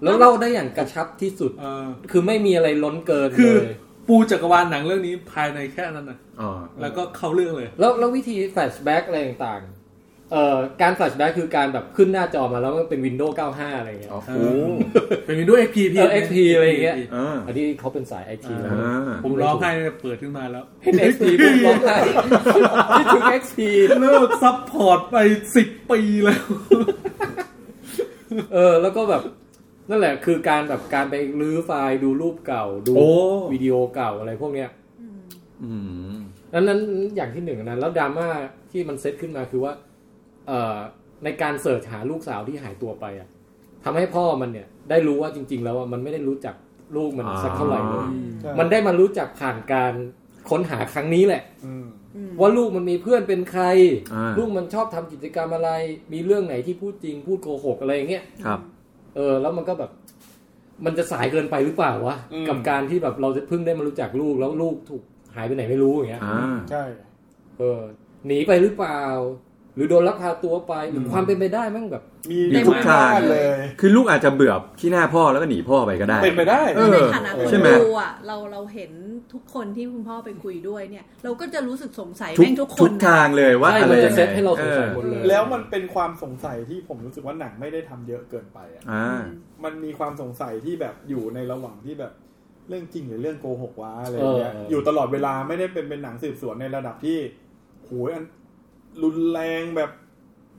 Speaker 3: แล้วเล่าได้อย่างกระชับที่สุด
Speaker 2: เออ
Speaker 3: คือไม่มีอะไรล้นเกิน
Speaker 2: คื
Speaker 3: เล
Speaker 2: อ
Speaker 3: ย
Speaker 2: ปูจักรวาลหนังเรื่องนี้ภายในแค่นั้นนะ
Speaker 4: อ๋อ
Speaker 2: แล้วก็เข้าเรื่องเลย
Speaker 3: แล้วแล้ววิธีแฟลชแบ็กอะไรต่างๆ เอ่อการแฟลชแบ็กคือการแบบขึ้นหน้าจอมาแล้วมันเป็นวินโดว์95 อะไรเงี้ย
Speaker 4: โอ้โห
Speaker 2: เป็นด้วย XP
Speaker 3: เออ XP อะไรอย่างเงี้ย
Speaker 4: เออ
Speaker 3: อันนี้เขาเป็นสายไอที
Speaker 4: เอ
Speaker 3: นะ
Speaker 4: อ
Speaker 2: ผมร้องไห้ตั้งแต่เปิดขึ้นมาแล้ว
Speaker 3: เห็น XP ปุ๊บร้องไห้ คิดถึง XP
Speaker 2: เลิกซัพพอร์ตไปสิบปีแล้ว
Speaker 3: เออ แล้วก็แบบ นั่นแหละคือการแบบการไปรื้อไฟล์ดูรูปเก่าดู
Speaker 4: โอ้
Speaker 3: วิดีโอเก่าอะไรพวกเนี้ย
Speaker 4: อืม
Speaker 3: นั้นนั้นอย่างที่หนึ่งอันนั้นแล้วดราม่าที่มันเซตขึ้นมาคือว่า เอ่อในการเสิร์ชหาลูกสาวที่หายตัวไปอ่ะทำให้พ่อมันเนี่ย ได้รู้ว่าจริง ๆ แล้วอะมันไม่ได้รู้จักลูกมัน
Speaker 4: อ่า
Speaker 3: สักเท่าไหร่เลย
Speaker 6: ใช่
Speaker 3: มันได้มารู้จักผ่านการค้นหาครั้งนี้แหละ
Speaker 6: อืม
Speaker 3: ว่าลูกมันมีเพื่อนเป็นใคร
Speaker 4: อ่า
Speaker 3: ลูกมันชอบทำกิจกรรมอะไร มีเรื่องไหนที่พูดจริง พูดโกหกอะไรอย่างเงี้ย
Speaker 4: ครับ
Speaker 3: เออแล้วมันก็แบบ มันจะสายเกินไปหรือเปล่าวะ
Speaker 6: อืม
Speaker 3: กับการที่แบบเราจะเพิ่งได้มารู้จักลูกแล้วลูกถูกหายไปไหนไม่รู้อย่างเงี้ย
Speaker 4: อ่า
Speaker 6: ใช่
Speaker 3: เออหนีไปหรือเปล่า หรือโดนลักพาตัวไปหรือความเป็นไปได้แมั่งแบบ
Speaker 6: มี
Speaker 4: อยู่ทุกทาง
Speaker 6: บ้นเลย
Speaker 4: คือลูกอาจจะเบื่อที่หน้าพ่อแล้วก็หนีพ่อไปก็ได้
Speaker 6: เป็นไปได้
Speaker 4: เออ
Speaker 7: ในฐานะคน
Speaker 4: ใช่ไหม
Speaker 7: ดูอ่ะเราเราเห็นทุกคนที่คุณพ่อไปคุยด้วยเนี่ย เราก็จะรู้สึกสงสัย
Speaker 4: ทุก
Speaker 7: แม่งทุกค
Speaker 4: ทุ
Speaker 7: น
Speaker 4: ก
Speaker 7: นะ
Speaker 4: ทางเลยว่า
Speaker 3: ใช่
Speaker 4: อะไร
Speaker 3: มัน
Speaker 4: ยั
Speaker 3: จะ
Speaker 4: งไง
Speaker 3: เซตให้เราสงสัยหมดเลย
Speaker 6: แล้วมันเป็นความสงสัยที่ผมรู้สึกว่าหนังไม่ได้ทำเยอะเกินไปอ่ะ
Speaker 4: เอออ่า
Speaker 6: มันมีความสงสัยที่แบบอยู่ในระหว่างที่แบบเรื่องจริงหรือเรื่องโกหกวะอะไรอย่างเงี้ย
Speaker 3: เอออ
Speaker 6: อยู่ตลอดเวลาไม่ได้เป็นเป็นหนังสืบสวนในระดับที่โหยอันรุนแรงแบบ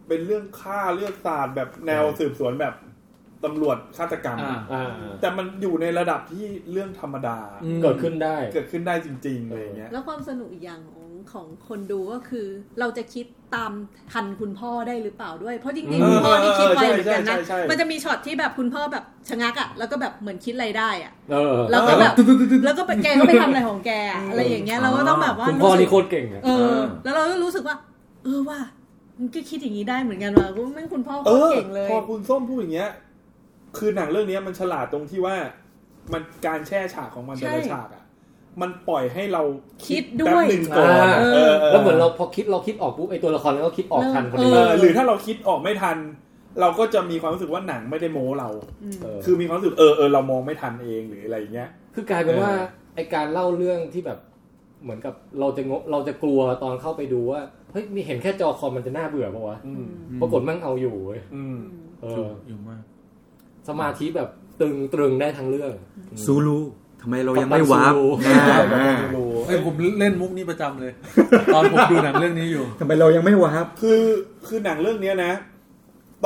Speaker 6: เป็นเรื่องฆ่าเรื่องศาสตร์แบบแนวสืบสวนแบบตำรวจฆาตกรรม
Speaker 2: อ่า
Speaker 3: อ่า
Speaker 6: แต่มันอยู่ในระดับที่เรื่องธรรมดา
Speaker 3: เกิดขึ้นได้
Speaker 6: เกิดขึ้นได้จริงๆอะไรอย่างเงี้ย
Speaker 7: แล้วความสนุกอีกอย่างของของคนดูก็คือ เราจะคิดตามทันคุณพ่อได้หรือเปล่าด้วย เพราะจริง
Speaker 3: เอ
Speaker 7: ๆ
Speaker 3: อ
Speaker 7: คุณพ่อนี่คิดไว
Speaker 6: เออ
Speaker 7: เหมือนกันนะ
Speaker 6: ใช่ใช่ใช่
Speaker 7: มันจะมีช็อตที่แบบคุณพ่อแบบชะงักอ่ะแล้วก็แบบเหมือนคิดอะไรได้อ่ะ
Speaker 3: เออ
Speaker 7: แล้วก็แบบแล้วก็แกก็ไปทำอะไรของแกอะอะไรอย่างเงี้ยเราก็ต้องแบบว่า
Speaker 3: คุณพ่อ
Speaker 7: รู้สึก
Speaker 3: นี่โคตรเก่งอะ
Speaker 7: เออ แล้วเราก็รู้สึกว่า เออว่ามันก็คิดอย่างนี้ได้เหมือนกันว่ะกูแม่งคุณพ่อโค
Speaker 6: เอ
Speaker 7: ตร
Speaker 6: อ
Speaker 7: เก่งเลย
Speaker 6: พอคุณส้มพูดอย่างเงี้ย คือหนังเรื่องเนี้ยมันฉลาดตรงที่ว่า มันการแช่ฉากของมันแต่ละฉากอ่ะ มันปล่อยให้เราแป๊บหนึ่งก่อนอะเออ
Speaker 3: แล้วเหมือนเราพอคิดเราคิดออกปุ๊บไอตัวละครก็คิดออกทันคน
Speaker 6: เอ
Speaker 3: นี้
Speaker 6: อหรือถ้าเราคิดออกไม่ทัน เราก็จะมีความรู้สึกว่าหนังไม่ได้โม้เรา
Speaker 3: คื
Speaker 6: คือ อมีความรู้สึกเออเออเรามองไม่ทันเองหรืออะไรอย่างเงี้ย
Speaker 3: คือกลายเป็นว่าไอการเล่าเรื่องที่แบบเหมือนกับเราจะงบเราจะกลัวตอนเข้าไปดูว่าเฮ้ยมีเห็นแค่จอคอมมันจะน่าเบื่อปะวะ
Speaker 6: อืม
Speaker 3: ปรากฏมั่งเอาอยู่เว้ย
Speaker 6: อืม
Speaker 3: เอ
Speaker 2: อยู่
Speaker 3: อ
Speaker 2: อยู่มาก
Speaker 3: สมาธิแบบตึงตรึงได้ทั้งเรื่อง
Speaker 4: ซูลูทำไมเรายังไม่วาร์ป
Speaker 3: กัปตันซูลู
Speaker 4: อ่า
Speaker 6: เรา
Speaker 4: อ่า
Speaker 6: ไม่รู้
Speaker 2: เอ้ยผมเล่นมุกนี้ประจำเลย ตอนผมดูหนังเรื่องนี้อยู่
Speaker 4: ทำไมเรายังไม่วาร์ป
Speaker 6: คือคือหนังเรื่องเนี้ยนะ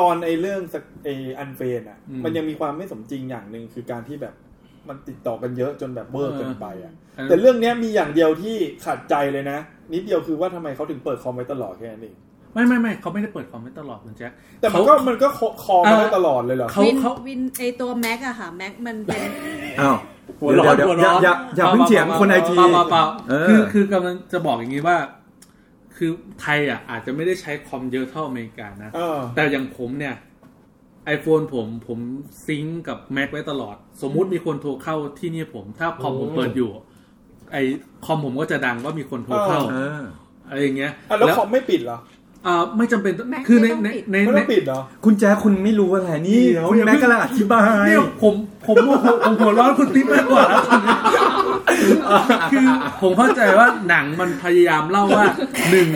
Speaker 6: ตอนไอ้เรื่องสักไอ้อันเฟนอ่ะ
Speaker 2: อืม
Speaker 6: มันยังมีความไม่สมจริงอย่างหนึ่งคือการที่แบบมันติดต่อกันเยอะจนแบบเบอร์
Speaker 2: เออ
Speaker 6: เกินไปอ่ะ แต่เรื่องเนี้ยมีอย่างเดียวที่ขัดใจเลยนะ นิดเดียวคือว่าทำไมเขาถึงเปิดคอมไว้ตลอดแค่นั้นเอง
Speaker 2: ไม่ไม่ไม่เขาไม่ได้เปิดคอมเมนต์ตลอดคุณแจ็ค
Speaker 6: แต่มันก็
Speaker 2: เขา
Speaker 6: มันก็คคอมมา
Speaker 2: อ่า
Speaker 6: ไว้ตลอดเลยเหรอ
Speaker 2: เขา
Speaker 7: วิน
Speaker 2: เขา
Speaker 7: วินไอตัวแม็กอะค่ะแม็กมันเป็น
Speaker 4: อ้าว
Speaker 3: หัวร้อน
Speaker 4: เดี๋ยว
Speaker 3: หัวร้
Speaker 4: เดี๋ยว
Speaker 3: อน
Speaker 4: อย่าอย่าอย่าเพิ่งเถียงคนไอที
Speaker 2: เปล่าเปล่าเปล่า
Speaker 4: เออ
Speaker 2: คือคือกำลังจะบอกอย่างนี้ว่า คือไทยอ่ะอาจจะไม่ได้ใช้คอมเยอะเท่าอเมริกานะ
Speaker 6: เออ
Speaker 2: แต่อย่างผมเนี่ย iPhone ผมผมซิงก์กับ Mac ไว้ตลอด สมมุติมีคนโทรเข้าที่นี่ผม ถ้าคอมผม
Speaker 3: อืม
Speaker 2: เปิดอยู่ ไอคอมผมก็จะดังว่ามีคนโทรเข้า
Speaker 4: เออ
Speaker 2: อะไรอย่างเงี้ย
Speaker 6: อ่ะแล้วคอมไม่ปิดเหรอ
Speaker 2: อ่าไม่จำเป็น
Speaker 7: Mac
Speaker 2: คือใน
Speaker 7: ไม่ต้อง
Speaker 2: ใน
Speaker 7: ปิด
Speaker 2: ใน
Speaker 6: ไม่
Speaker 2: ใน
Speaker 6: ต้องปิดเหรอ
Speaker 4: คุณแจ๊คคุณไม่รู้อะไรนี่
Speaker 2: เดี๋ยว
Speaker 4: คุณ
Speaker 2: อย่า
Speaker 4: แม่
Speaker 2: เพิ่ง
Speaker 4: กำลังอธิบาย
Speaker 2: เนี่ยผมผมผมผมผมหัวร้อนคุณติ๊กมากก ว่าแล้วตอนนี้คือผมเข้าใจว่าหนังมันพยายามเล่าว่าหนึ่ง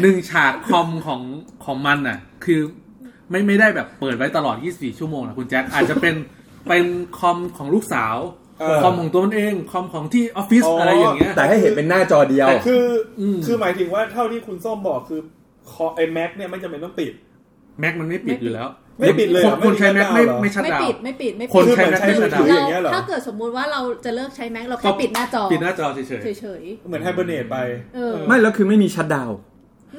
Speaker 2: หนึ่งฉากคอมของของมันน่ะ คือไม่ไม่ได้แบบเปิดไว้ตลอด 24 ชั่วโมงนะคุณแจ็คอาจจะเป็นเป็นคอมของลูกสาว
Speaker 6: เออ
Speaker 2: คอมของตัวมันเอง คอมของที่ออฟฟิศ
Speaker 6: อ๋ออ
Speaker 2: อะไรอย่างเงี้ย
Speaker 4: แต่ให้เห็นเป็นหน้าจอเดียว
Speaker 6: แต่คืออ
Speaker 2: ม
Speaker 6: คือหมายถึงว่าเท่าที่คุณส้มบอกคือคอไอ้แม็กเนี่ยไม่จำเป็นต้องปิด
Speaker 2: แม็กมันไม่ปิดอยู่แล้ว
Speaker 6: ไม่ปิดเลยเหรอ
Speaker 2: คนคนใช้แม็ก
Speaker 6: ไม่
Speaker 2: ไม่
Speaker 6: ปิดเหรอ
Speaker 2: ไม่ชัด
Speaker 7: ไม่
Speaker 2: ดาว
Speaker 7: ปิดไม่ปิดไม่
Speaker 2: คน
Speaker 7: ปิด
Speaker 2: ใช้แม็กไม่ชัดดาว
Speaker 6: อ
Speaker 7: เรา
Speaker 6: ย่างเงี้ยเหรอ
Speaker 7: ถ้าเกิดสมมุติว่าเราจะเลิกใช้แม็กเรา
Speaker 2: ก็
Speaker 7: แค่ปิดหน้าจอ
Speaker 2: ปิดหน้าจอเฉย
Speaker 7: เฉย
Speaker 6: เหมือนไฮเบอร์เนตไป
Speaker 7: ๆเออ
Speaker 4: ไม่แล้วคือไม่มีชัดดาวน์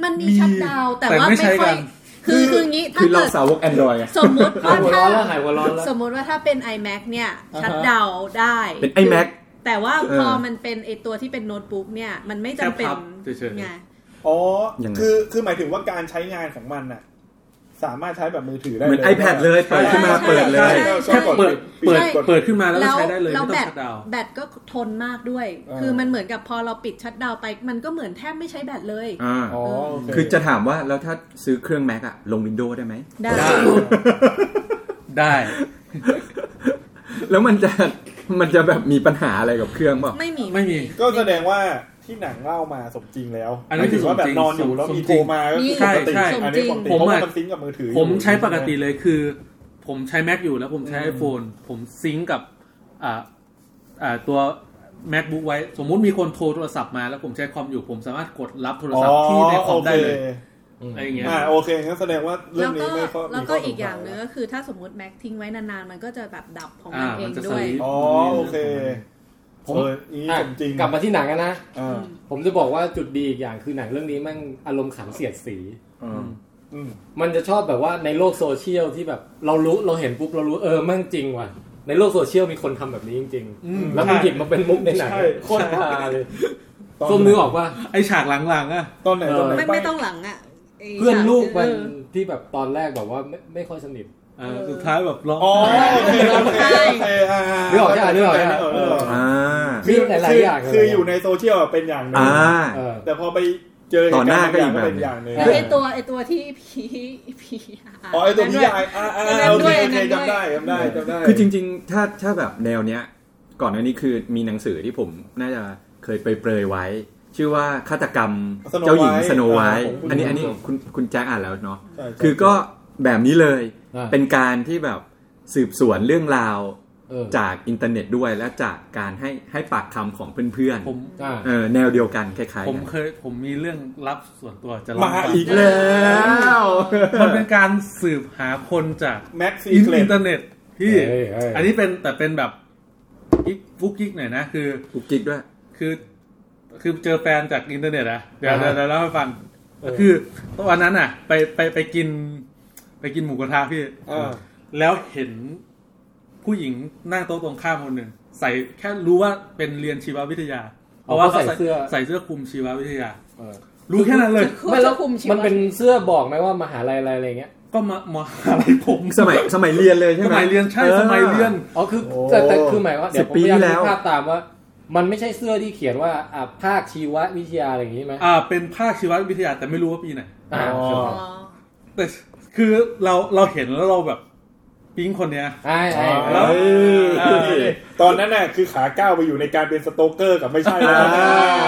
Speaker 7: มันมี
Speaker 2: มี
Speaker 7: ชัดดาวน์แต่
Speaker 2: แต่
Speaker 7: ว่า
Speaker 2: ไม่
Speaker 7: ไม่
Speaker 2: ใช้
Speaker 7: ค่อย
Speaker 2: กัน
Speaker 7: คือคืออย่างงี้ถ้า
Speaker 4: คือเรา
Speaker 7: เกิด
Speaker 4: สาวกแอนดรอย
Speaker 7: สมมติ
Speaker 3: หา
Speaker 7: ว่าย
Speaker 3: หัว
Speaker 7: ถ้า
Speaker 3: ร้อนแล้วหายหัวร้อนแล้ว
Speaker 7: สมมติว่าถ้าเป็น iMac เนี่ย
Speaker 3: อ่าฮะ
Speaker 7: ชัดเดาวได้
Speaker 4: เป็นไอ้แม็ก
Speaker 7: แต่ว่า
Speaker 4: เออ
Speaker 7: พอมันเป็นไอตัวที่เป็นโน้ตบุ๊กเนี่ย มันไม่จำเป็น
Speaker 2: แค่พับเฉยๆ
Speaker 7: ไง
Speaker 6: อ๋อ
Speaker 4: ยังไง
Speaker 6: คือ คือหมายถึงว่าการใช้งานของมันน่ะ สามารถใช้แบบมือถือได้
Speaker 4: เหมือน iPad เลยเปิดขึ้นมา
Speaker 5: ใช่
Speaker 4: เปิดเลย
Speaker 5: ใช่
Speaker 6: แค่
Speaker 5: ใช่
Speaker 6: เปิ
Speaker 2: เปิ
Speaker 6: ด
Speaker 2: ดเปิด
Speaker 6: เปิดกด
Speaker 2: เปิดขึ้นมาแล้วก็ใช้ได้เลย
Speaker 5: แล้ว
Speaker 2: ไม่ต้อง
Speaker 5: แบต
Speaker 2: ชัดดาวน์
Speaker 5: แบตก็ทนมากด้วย
Speaker 6: เออ
Speaker 5: คือมันเหมือนกับพอเราปิดชัดดาวน์ไป มันก็เหมือนแทบไม่ใช้แบตเลย
Speaker 4: อ่า
Speaker 6: อ๋อโอเ
Speaker 4: คือจะถามว่าแล้วถ้าซื้อเครื่อง Mac อะลง Windows ได้ไหม
Speaker 5: ได้
Speaker 2: ได้
Speaker 4: แล้วมันจะมันจะแบบมีปัญหาอะไรกับเครื่องเปล่า
Speaker 5: ไม่มี
Speaker 2: ไม่มี
Speaker 6: ก็แสดงว่าที่หนังเล่ามาสมจริงแล้ว
Speaker 2: อันนั้นคือ
Speaker 6: หมายถึงว่าแบบ
Speaker 2: สมจริง
Speaker 6: นอนอยู่แล้ว
Speaker 2: สมจริง
Speaker 6: มีโทรมาก็คือปกติ
Speaker 2: ใช่ใช่
Speaker 6: อันนี้ปกติ
Speaker 2: ผม
Speaker 6: เพราะว่า
Speaker 2: อะ
Speaker 6: มันซิงก์กับมือถืออยู่
Speaker 2: ผมใช้ปกติเลยคือ ผมใช้ Mac อยู่แล้วผมใช้ iPhone ผมซิงก์กับอ่าอ่าตัว MacBook ไว้ สมมุติมีคนโทรโทรศัพท์มาแล้วผมใช้คอมอยู่ผมสามารถกดรับโทรศัพท์ที่ในคอมได้เลยอะไรอย่างเงี้ย
Speaker 6: อ่าโอเคงั้นแสดงว่าเรื่
Speaker 5: แล้
Speaker 6: อง
Speaker 5: ว
Speaker 6: นี้
Speaker 5: ก็แล้
Speaker 6: ไม่ค่อย
Speaker 5: ว
Speaker 6: มี
Speaker 5: ก็
Speaker 6: ข้สสั
Speaker 5: อีกอย่างหนึงก็คือถ้าสมมติแม็กทิ้งไว้นานๆ มันก็จะแบบดับของมั
Speaker 2: อ่าน
Speaker 5: เอ
Speaker 2: มั
Speaker 5: ง
Speaker 2: นจะ
Speaker 5: ด้
Speaker 2: ส
Speaker 5: วย
Speaker 2: วิตช์
Speaker 6: อ๋อโอเค
Speaker 3: ผม
Speaker 6: เอออีนี่
Speaker 3: อ่ะ
Speaker 6: ผมจริง
Speaker 3: กลับมาที่หนังอะนะ
Speaker 6: อ่า
Speaker 3: ผมจะบอกว่าจุดดีอีกอย่างคือหนังเรื่องนี้แม่งอารมณ์ขันเสียดสี
Speaker 6: อืม
Speaker 3: มันจะชอบแบบว่าในโลกโซเชียลที่แบบเรารู้เราเห็นปุ๊บเรารู้เออแม่งจริงว่ะ ในโลกโซเชียลมีคนทำแบบนี้จริง
Speaker 2: อืม
Speaker 3: ๆ แล้วมันหยิบมาเป็นมุกในหนัง
Speaker 6: ใช่โคตร
Speaker 3: ฮาเลย
Speaker 6: ต
Speaker 3: ส้มนึกออกว่า
Speaker 2: ไอฉากหลังๆอะ
Speaker 6: ตอนไหนตอนไหน
Speaker 5: ไม่
Speaker 6: บ้าง
Speaker 5: ไม่ต้องหลังอ่ะไ
Speaker 3: เพื่อนลูกมัน
Speaker 5: เออ
Speaker 3: ที่แบบตอนแรกแบบว่าไม่ไม่ค่อยสนิท
Speaker 2: อ่าสุดท้ายแบบร้อง
Speaker 6: อ๋อโอเคโอเคโอเคอ่า
Speaker 3: นึกออกใช่ไหมนึกออกใช่ไหม
Speaker 6: เนึกออก
Speaker 4: อ่า
Speaker 3: มีหลาย
Speaker 6: คื
Speaker 3: ๆอย่าง
Speaker 6: คืคืออยู่ในโซเชียลเป็นอย่างหนึง
Speaker 4: อ่า
Speaker 3: เออ
Speaker 6: แต่พอไปเจอเหตุ
Speaker 4: ต่อหน้าก็อีก
Speaker 6: รณ์
Speaker 4: แบบหนึ่ง
Speaker 6: เป็นอย่างหนึง
Speaker 5: แล้วไอตัวไอตัวที่ผีผี
Speaker 6: อ๋อไอตัว
Speaker 5: นั่น
Speaker 6: นี้
Speaker 5: ด้วย
Speaker 6: ยายอ่าอ่า
Speaker 5: อันนั้
Speaker 6: โอน
Speaker 5: ด้
Speaker 6: เค
Speaker 5: วย
Speaker 6: โอเค
Speaker 5: อันนั้นด้วย
Speaker 6: จำได้จำได้จำได้
Speaker 4: คือจริง ๆ ถ้าถ้าแบบแนวเนี้ย ก่อนหน้านี้คือมีหนังสือที่ผมน่าจะเคยไปเปรยไว้ ชื่อว่าฆาตกรรมเจ้าหญิงสโนไวท์อันนี้อันนี้คุณคุณแจ็คอ่านแล้วเนาะ
Speaker 6: ใช่ใช่
Speaker 4: คือก็แบบนี้เลย
Speaker 3: อ่า
Speaker 4: เป็นการที่แบบสืบสวนเรื่องราว
Speaker 3: เออ
Speaker 4: จากอินเทอร์เน็ตด้วยและจากการให้ให้ปากคำของเพื่อน
Speaker 2: ผม
Speaker 3: อ่า
Speaker 4: ๆเออแนวเดียวกันคล้าย
Speaker 2: ผ
Speaker 4: ๆ
Speaker 2: ม
Speaker 4: กัน
Speaker 2: เคยผมมีเรื่องลับส่วนตัวจะเล่าให้
Speaker 6: มา
Speaker 2: ฟัง
Speaker 4: อีกแล้ว
Speaker 2: มันเป็นการสืบหาคนจาก
Speaker 6: แม็กซี
Speaker 2: อิน
Speaker 6: เกร
Speaker 2: อิ
Speaker 6: ด
Speaker 2: นเทอร์เน็ตพี่
Speaker 3: เยเย
Speaker 2: อันนี้เป็นแต่เป็นแบบกิ๊กฟุกกิ๊กหน่อยนะคือ
Speaker 4: กุกกิ๊กด้วย
Speaker 2: คือคือเจอแฟนจากอินเทอร์เน็ตอะเดี๋ยวเดี๋ยวเดี๋ยวเล่าให้ฟังคือวันนั้นอะไปไปไปกิน ไปกินหมูกระทะพี่
Speaker 6: อ่า
Speaker 2: แล้วเห็นผู้หญิงนั่งโต๊ะตรงข้ามคนหนึ่งใส่แค่รู้ว่าเป็นเรียนชีววิทยา เพราะว่าเขาใส่ใส่เสื้อคลุมชีววิทยา
Speaker 3: เออ
Speaker 2: รู้แค่นั้นเลย
Speaker 3: ไม่แล้ว
Speaker 5: คุมชีวะ
Speaker 3: มันเป็นเสื้อบอกไหมว่ามหาลัยอะไรอะไรเงี้ย
Speaker 2: ก็มามาอะไรผม
Speaker 4: สมัยสมัยเรียนเลยใช่
Speaker 2: ส
Speaker 4: ไหม
Speaker 2: มัยเรียนใช่สมัยเรียน
Speaker 3: อ๋อคือแต่แต่คือหมายว่าเดี๋ยวผม
Speaker 4: สิบปี
Speaker 3: พยายาม
Speaker 4: ที่แล้ว
Speaker 3: นึกภาพตามว่า มันไม่ใช่เสื้อที่เขียนว่าอ่ะภาคชีววิทยาอะไรอย่างงี้ไหม
Speaker 2: อ่า เป็นภาคชีววิทยาแต่ไม่รู้ว่าปีไหน
Speaker 3: อ่า
Speaker 5: อ๋อ
Speaker 2: แต่คือเราเราเห็นแล้วเราแบบปิ๊งคนเนี้ย
Speaker 3: ใช่ใช่
Speaker 2: แล้ว
Speaker 6: เอ้ยตอนนั้นน่ะคือขาก้าวไปอยู่ในการเป็นสโตเกอร์กับไม่ใช่แล้ว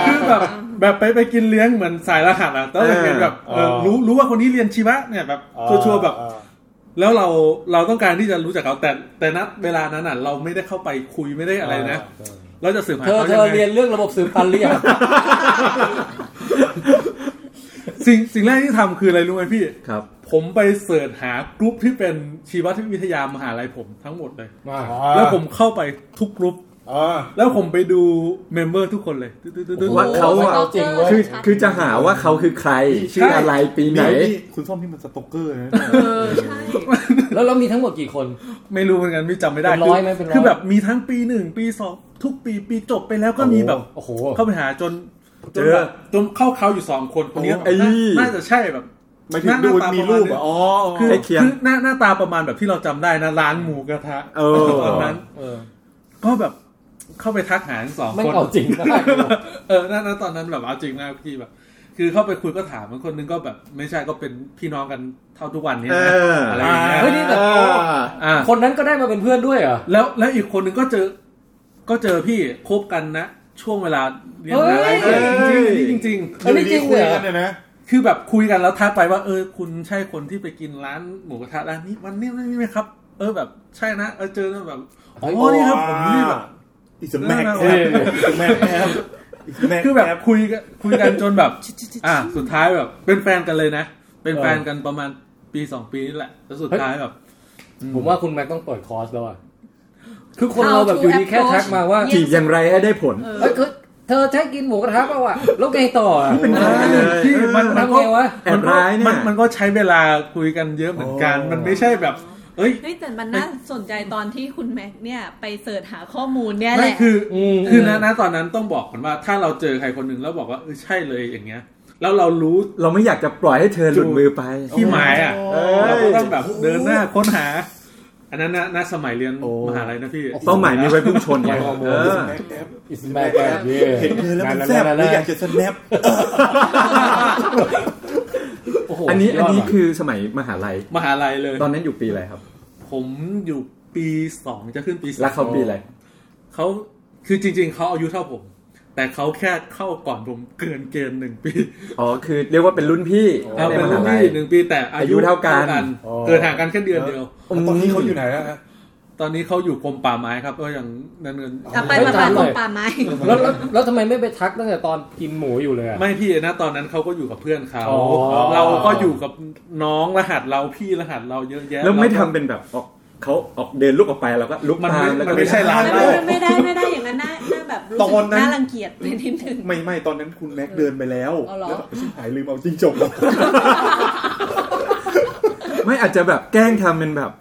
Speaker 2: คือแบบแบบไปไปกินเลี้ยงเหมือนสายรหัสอ่ะต้องเห็นแบบเออ
Speaker 6: เออ
Speaker 2: รู้รู้ว่าคนนี้เรียนชีวะเนี่ยแบบชัวร์ๆแบบ แล้วเราเราต้องการที่จะรู้จักเขาแต่แต่ณเวลานั้นอ่ะ เราไม่ได้เข้าไปคุยไม่ได้อะไรนะ เราจะสืบหา
Speaker 3: เธอ
Speaker 2: เขา
Speaker 3: เธ
Speaker 2: ยัง
Speaker 3: อ
Speaker 2: ไง
Speaker 3: เรียนเรื่องระบบสืบพันธุ์หรือยัง
Speaker 2: สิ่งสิ่งแรกที่ทำคืออะไรรู้ไหมพี่
Speaker 4: ครับ
Speaker 2: ผมไปเสิร์ชหากรุ๊ปที่เป็นชีววิทยามหาลัยผมทั้งหมดเลย
Speaker 3: อ่า
Speaker 2: แล้วผมเข้าไปทุกกรุ๊ป
Speaker 6: อ๋อ
Speaker 2: แล้วผมไปดูเมมเบอร์ทุกคนเลยตึ๊ดตึ๊ดตึ๊ดตึ๊ด
Speaker 4: ว่าเขาอะ
Speaker 3: จริงเว้ย
Speaker 4: คือคือจะหาว่าเขาคือใคร ชื่อ
Speaker 2: ใช่
Speaker 4: อะไรปีไหน
Speaker 6: คุณส้มนี่มันสโตเกอร์นะ
Speaker 5: เออใช่
Speaker 3: แล้วเรามีทั้งหมดกี่คน
Speaker 2: ไม่รู้เหมือนกันไม่จำไม่ได้
Speaker 3: เป็นร้อยไหมเป็นร้อย
Speaker 2: คือแบบมีทั้งปีหนึ่งปีสองทุกปีปีจบไปแล้วก็มีแบบ
Speaker 3: โอ้โห
Speaker 2: เข้าไปหาจนจนแบบจนเข้าเขาอยู่สองคนคนนี้แบบ
Speaker 4: โอ้ไอ้นี่
Speaker 2: น่าน่าจะใช่แบบ
Speaker 6: ไม่ถึงดูมีรูปอ่ะอ๋อ
Speaker 2: คือ
Speaker 4: ใกล้เคียง
Speaker 2: คือหน้าหน้าตาประมาณแบบที่เราจำได้นะร้านหมูกระทะ
Speaker 4: เออ
Speaker 2: ตอนนั้น
Speaker 3: เออ
Speaker 2: ก็แบบเข้าไปทักหาทั้งสอง
Speaker 3: ไม่
Speaker 2: ค
Speaker 3: ง
Speaker 2: น
Speaker 3: เอาจริงมากเลย
Speaker 2: เออนั่นตอนนั้นแบบเอาจริงมากพี่แบบ คือเข้าไปคุยก็ถามบางคนนึงก็แบบ ไม่ใช่ก็เป็นพี่น้องกันเท่าทุกวันนี้
Speaker 4: เอ
Speaker 2: นะ
Speaker 4: อ
Speaker 2: อะ
Speaker 4: อะไร
Speaker 2: อย่างเงี้ย
Speaker 3: เฮ้ยนี่แบบ
Speaker 4: อ่า
Speaker 3: โอ้
Speaker 2: อ่ะ
Speaker 3: คนนั้นก็ได้มาเป็นเพื่อนด้วยเหรอ
Speaker 2: แล้วแล้วอีกคนนึงก็เจอ ก็เจอพี่คบกันนะช่วงเวลาเรียนมหาลัย
Speaker 3: เฮ้ย
Speaker 2: จริงๆจริงๆจริงๆ
Speaker 3: เออนี่จริง
Speaker 6: คุ
Speaker 3: เลย ยเหร
Speaker 6: กั
Speaker 3: อน
Speaker 6: เนี่ยนะ
Speaker 2: คือแบบคุยกันแล้วทักไปว่าเออคุณใช่คนที่ไปกินร้านหมูกระทะร้านนี้วันนี้นี่ไหมครับ เออแบบใช่นะเออเจอแล้วแบบอ๋อนี่ครับผมนี่แบบ
Speaker 6: อิสแม็กแอมอิสแม็กแอมอิสแม็ก
Speaker 2: คือแบบคุยกันคุยกันจนแบบ อ่ะสุดท้ายแบบ เป็นแฟนกันเลยนะ เป็นแฟนกันประมาณปีสองปีนี่แหละแล้วสุดท้ายแบบ
Speaker 3: ผมว่าคุณแม็กต้องเปิดคอร์สแล้วอ่ะคือคนเราแบบอยู่ดีแค่ทักมาว่า
Speaker 4: จีบอย่างไรให้ได้ผล
Speaker 3: เฮ้ยคือเธอแท้กินหมูกระทะเปล่าอ่ะแล้วไงต่ออ่ะ
Speaker 4: เป็นใครกันเลย
Speaker 2: ที่มัน
Speaker 3: ทำไงวะ
Speaker 4: แอบร้ายเนี่
Speaker 2: มั
Speaker 4: ย
Speaker 2: มันก็ใช้เวลาคุยกันเยอะเหมือนกัน มันไม่ใช่แบบ เอ้ย
Speaker 5: เฮ้ยแต่มันน่าสนใจตอนที่คุณแม็กเนี่ยไปเสิร์ชหาข้อมูลเนี่ยแห
Speaker 2: ไม่
Speaker 5: ละ
Speaker 2: คือ
Speaker 3: อืม
Speaker 2: คือนะนะตอนนั้นต้องบอกก่อนว่าถ้าเราเจอใครคนหนึ่งแล้วบอกว่าเออใช่เลยอย่างเงี้ย แล้วเรารู้
Speaker 4: เราไม่อยากจะปล่อยให้เธอหลุดมือไป
Speaker 2: ที่หมายอ่ะ
Speaker 4: เอ้ย
Speaker 2: เราก็ต้องแบบเดินหน้าค้นหา อันนั้นนะน่าสมัยเรียนมหาลัยนะพี่
Speaker 4: เป้าหมายมีไว้พุ่งชนไงเออ
Speaker 3: อิสแมกแอบเย่
Speaker 6: เห็นเธอแล้วมันแซ่บเลยอยากจะสแนป
Speaker 2: โโห
Speaker 4: อันนี้
Speaker 2: สุดย
Speaker 4: อัน
Speaker 2: ด
Speaker 4: นี้
Speaker 2: ว่ะ
Speaker 4: คือสมัยมหาลัย
Speaker 2: มหาลัยเลย
Speaker 4: ตอนนั้นอยู่ปีอะไรครับ
Speaker 2: ผมอยู่ปีสองจะขึ้นปีสม
Speaker 4: รักเขาปีอะไร
Speaker 2: เขาคือจริง ๆ เขาอายุเท่าผม แต่เขาแค่เข้าก่อนผมเกินเกณฑ์หนึ่งปี
Speaker 4: อ๋อ คือเรียกว่าเป็นรุ่นพี่
Speaker 2: เอา
Speaker 4: ใน
Speaker 2: เป็น
Speaker 4: ม
Speaker 2: รุ่
Speaker 4: หาน ลั
Speaker 2: พี่
Speaker 4: ย
Speaker 2: หนึ่งปีแต่อายุ
Speaker 4: อายุเท่ากัน
Speaker 2: เกิดห่างกันแค่เดือนเดียว
Speaker 6: ตอนนี้เขาอยู่ไหนแล้วนะ
Speaker 2: ตอนนี้เขาอยู่กรมป่าไม้ครับก็ยังนั่นเงิน
Speaker 5: กลับไปมาปลาของป่าไม้
Speaker 3: แล้วแล้วแล้วทำไมไม่ไปทักตั้งแต่ตอนกินหมูอยู่เลยอะ
Speaker 2: ไม่พี่นะตอนนั้นเขาก็อยู่กับเพื่อนเขา
Speaker 3: อ๋อ
Speaker 2: เราก็อยู่กับน้องรหัสเราพี่รหัสเราเยอะแยะ
Speaker 4: แล้วไม่ทำ
Speaker 2: เราก็
Speaker 4: เป็นแบบออกเขาออกเดินลุกออกไปแล้วก็ลุก
Speaker 2: มัน
Speaker 4: ตา
Speaker 2: ไม่
Speaker 4: มแล้ว
Speaker 2: มั
Speaker 4: ก็
Speaker 2: นไม่ใช่ร้าน
Speaker 5: ไม่ได้ไม่ได้ไม่ได้อย่างนั้นน่าน่าแบบรู้สึกน่ารังเกียจไปนิดนึง
Speaker 6: ไม่ไม่ตอนนั้นคุณแม็กเดินไปแล้ว
Speaker 5: เอาเหรอ
Speaker 6: แล้วแบบชิบหายลืมเอาจริงจบ
Speaker 4: ไม่อาจจะแบบแกล้งทำเป็นแบบ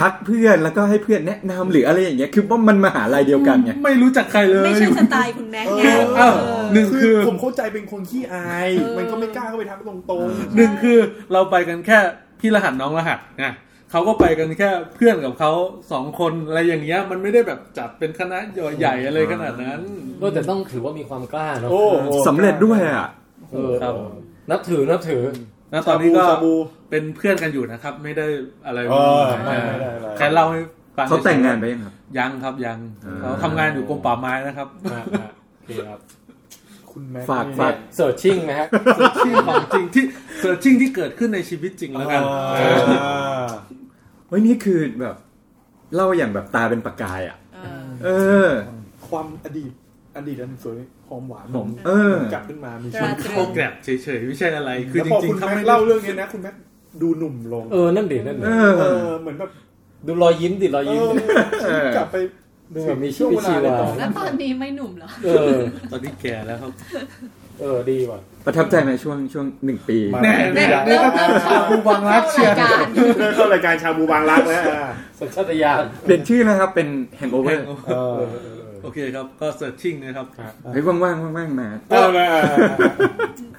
Speaker 4: ทักเพื่อนแล้วก็ให้เพื่อนแนะนำหรืออะไรอย่างเงี้ย คือว่ามันมหาลัยเดียวกันไง
Speaker 2: ไม่รู้จักใครเลย
Speaker 5: ไม่ใช่สไตล์คุณแม็กซ์ไง
Speaker 2: เออหนึ่ง
Speaker 6: คื
Speaker 2: คืออ
Speaker 6: ผมเข้าใจเป็นคนขี้อาย มันก็ไม่กล้าเข้าไปทักตรง
Speaker 2: หนึ่งคือเราไปกันแค่พี่รหัสน้องรหัสนะเขาก็ไปกันแค่เพื่อนกับเขาสองคนอะไรอย่างเงี้ยมันไม่ได้แบบจัดเป็นคณะใหญ่ๆอะไรขนาดนั้น
Speaker 3: เออแต่ต้องถือว่ามีความกล้า
Speaker 6: ๆ
Speaker 3: เนาะ
Speaker 6: โอ้โห
Speaker 4: สำเร็จด้วยอ่ะ
Speaker 3: เออ
Speaker 2: ครับ
Speaker 3: นับถือนับถือ
Speaker 2: นะตอนนี้ก็
Speaker 6: ซาบู
Speaker 2: เป็นเพื่อนกันอยู่นะครับ ไม่ได้อะไร
Speaker 6: เออ
Speaker 2: มาก
Speaker 6: ไม่ได้อะไร
Speaker 2: แค่เล่าให้ฟัง
Speaker 4: เขาแต่งงานไปยังครับ
Speaker 2: ยังครับยัง
Speaker 4: อ่า
Speaker 2: เขาทำงานอยู่กรมป่าไม้นะครับ
Speaker 3: อ่ะอ่ะโอเคครับ
Speaker 6: คุณแม็ก
Speaker 4: ฝากฝาก
Speaker 3: เสิร์ชชิ่งนะฮะ
Speaker 2: ชื่อของจริงที่เสิร์ชชิ่งที่เกิดขึ้นในชีวิตจริงแล้วกัน
Speaker 6: เออ
Speaker 4: เฮ้ยนี่คือแบบเล่าอย่างแบบตาเป็นประกายอ่ะ
Speaker 5: เออ
Speaker 4: เออ
Speaker 6: ความอดีต อดีตอันสวยหอมหวาน
Speaker 4: ผมเออ
Speaker 6: กลับขึ้นมามี
Speaker 5: ต
Speaker 6: ชี
Speaker 5: รา
Speaker 6: วิต
Speaker 5: ตรึ
Speaker 2: โปรง แกรมเฉยๆไม่ใช่อะไร คือ
Speaker 6: แล้ว
Speaker 2: จ
Speaker 6: พอ
Speaker 2: ริง
Speaker 6: คุณ
Speaker 2: ๆถ้า
Speaker 6: แม็
Speaker 2: ไม่
Speaker 6: กเล่าเรื่องนี้นะ คุณแม็กดูหนุ่มลง
Speaker 3: เออ นั่นดินั่นดิ
Speaker 4: เอ
Speaker 6: เอ
Speaker 4: อ
Speaker 6: อเหมือนแบบ
Speaker 3: ดูรอยยิ้มดิรอย
Speaker 6: เอ
Speaker 3: ยิ้ม
Speaker 6: อ
Speaker 3: ดิ
Speaker 6: ชีวิตกลับไป
Speaker 3: ดูแบบมีชี
Speaker 6: ช่วง
Speaker 3: วิต
Speaker 6: เว
Speaker 3: ชี
Speaker 6: ลาใน
Speaker 3: วา
Speaker 6: ตอน
Speaker 5: แล้วตอนนี้ไม่หนุ่มเหรอ
Speaker 3: เออ
Speaker 2: ตอนนี้แก่แล้วครับ
Speaker 3: เออ ดีว่ะ
Speaker 4: ประทับใจในช่วงช่วงหนึ่งปี
Speaker 2: แน่
Speaker 5: แน่เริ่มเริ่มเข้า
Speaker 6: บูบางรักเชียร์
Speaker 5: เข้ารายการ
Speaker 6: เริ่มเข้ารายการชาบูบางรักแล้วอ่ะ
Speaker 3: สัญชาตญาณ
Speaker 4: เปลี่ยนชื่อนะครับเป็น hangover
Speaker 6: เออ
Speaker 2: โอเคครับ ก็เสิร์ชชิ่งนะครับ
Speaker 4: เฮ้ยว่างๆว่างๆมา
Speaker 6: เออเออเออ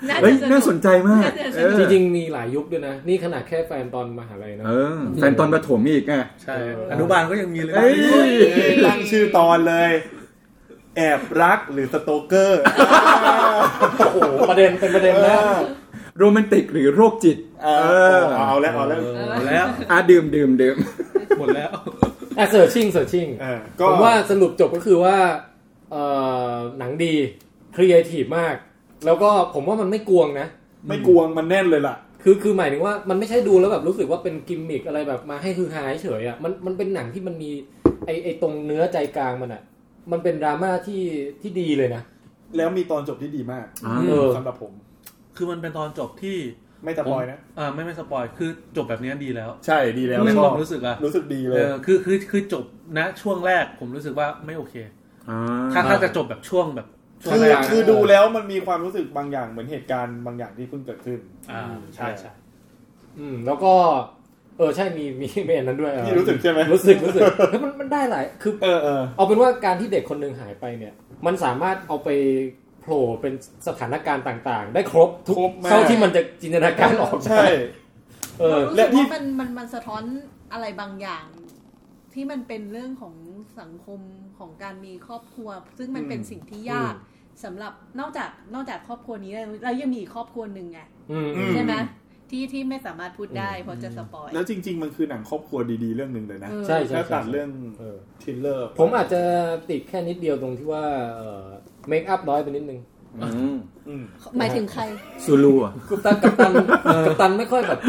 Speaker 5: น่า
Speaker 4: เฮ้ย
Speaker 5: จะ
Speaker 4: น่าส
Speaker 5: ส
Speaker 4: น
Speaker 5: นุก
Speaker 4: ใจมาก
Speaker 5: น่าจะสนุก
Speaker 4: เออ
Speaker 3: จริงๆ มีหลายยุคด้วยนะ นี่ขนาดแค่แฟนตอนมหาลัยนะ
Speaker 4: เออแฟนตอนประถมอีกอ่ะ
Speaker 2: ใช่ อนุบาลก็ยังมีเลย
Speaker 4: เอ้ย
Speaker 6: ตั้งชื่อตอนเลย แอบรักหรือสโตเกอร์
Speaker 3: โอ้โห ประเด็นเป็นประเด็นแล้ว
Speaker 4: โรแมนติกหรือโรคจิต
Speaker 6: เออ
Speaker 4: เออ
Speaker 6: เอาแล้วเอาแล้ว
Speaker 2: หมดแล้ว
Speaker 4: อ่ะดื่มดื่มดื่ม
Speaker 2: หมดแล้ว
Speaker 3: อ่ะเสิร์ชชิ่งเสิร์ชชิ่ง
Speaker 6: เออ
Speaker 3: ผ
Speaker 6: ก็
Speaker 3: มว่าสรุปจบก็คือว่าเอ่อหนังดีครีเอทีฟมาก แล้วก็ผมว่ามันไม่กวงนะ
Speaker 6: ไม่กวงมันแน่นเลยล่ะ
Speaker 3: คือคือหมายถึงว่ามันไม่ใช่ดูแล้วแบบรู้สึกว่าเป็นกิมมิกอะไรแบบมาให้คือฮาเฉยๆอ่ะมันมันเป็นหนังที่มันมีไอไอตรงเนื้อใจกลางมันอ่ะ มันเป็นดราม่าที่ที่ดีเลยนะ
Speaker 6: แล้วมีตอนจบที่ดีมาก
Speaker 4: อ่ะ
Speaker 3: เออ
Speaker 6: สำหรับผม
Speaker 2: คือมันเป็นตอนจบที่
Speaker 6: ไม่ตะปอยนะ
Speaker 2: อ่าไม่ไม่สปอย คือจบแบบนี้ดีแล้ว
Speaker 6: ใช่ดีแล้ว
Speaker 2: ใน
Speaker 6: ช
Speaker 2: ค
Speaker 6: อ
Speaker 2: วา
Speaker 6: บ
Speaker 2: มรู้สึกอะ
Speaker 6: รู้สึกดีเล
Speaker 2: เอย อคือคือคือจบนะช่วงแรกผมรู้สึกว่าไม่โอเค
Speaker 4: อ่า
Speaker 2: ถ้าถ้าจะจบแบบช่วงแบบช่วง
Speaker 6: คือ
Speaker 2: แรก
Speaker 6: คือดูแล้วมันมีความรู้สึกบางอย่างเหมือนเหตุการณ์บางอย่างที่เพิ่งเกิดขึ้น
Speaker 2: อ่า
Speaker 6: ใช่
Speaker 2: ใช่
Speaker 6: ใช่
Speaker 2: ใช่
Speaker 3: อืมแล้วก็ เออใช่มีมีเมนนั้นด้วยเออ
Speaker 6: พี่รู้สึกใช่ไหม
Speaker 3: รู้สึกรู้สึกแล้วมันมันได้หลายคือ
Speaker 6: เออเออ
Speaker 3: เอาเป็นว่าการที่เด็กคนหนึ่งหายไปเนี่ย มันสามารถเอาไปโผล่เป็นสถานการณ์ต่างๆ ได้ครบทุก
Speaker 6: ครบมาก
Speaker 3: เท่าที่มันจะจินตนาการออก
Speaker 6: ใช่
Speaker 3: เออ
Speaker 5: รู้
Speaker 6: และ
Speaker 5: สึก
Speaker 6: ที่
Speaker 5: ว่ามันมันมันสะท้อนอะไรบางอย่าง ที่มันเป็นเรื่องของสังคมของการมีครอบครัว ซึ่งมันเป็นสิ่งที่ยากสำหรับนอกจากนอกจากครอบครัวนี้แล้วแล้วยังมีอีกครอบครัวหนึ่งไง
Speaker 3: อืม
Speaker 6: ม
Speaker 5: ใช่ไหมที่ที่ไม่สามารถพูดได้เพราะจะสปอย
Speaker 6: แล้วจริง ๆ มันคือหนังครอบครัวดีๆ เรื่องหนึ่งเลยนะ
Speaker 5: เออ
Speaker 3: ใช่
Speaker 6: แล้วตัดเรื่อง
Speaker 3: เออ
Speaker 6: ทริลเลอร์
Speaker 3: ผมอาจจะติดแค่นิดเดียวตรงที่ว่าเมคอัพน้อยไปนิดนึง
Speaker 4: อืม
Speaker 6: อืม
Speaker 5: หมายถึงใคร
Speaker 4: ซูลูอ่ะ
Speaker 3: กัปตันกัปตันกัปตันไม่ค่อยแบบ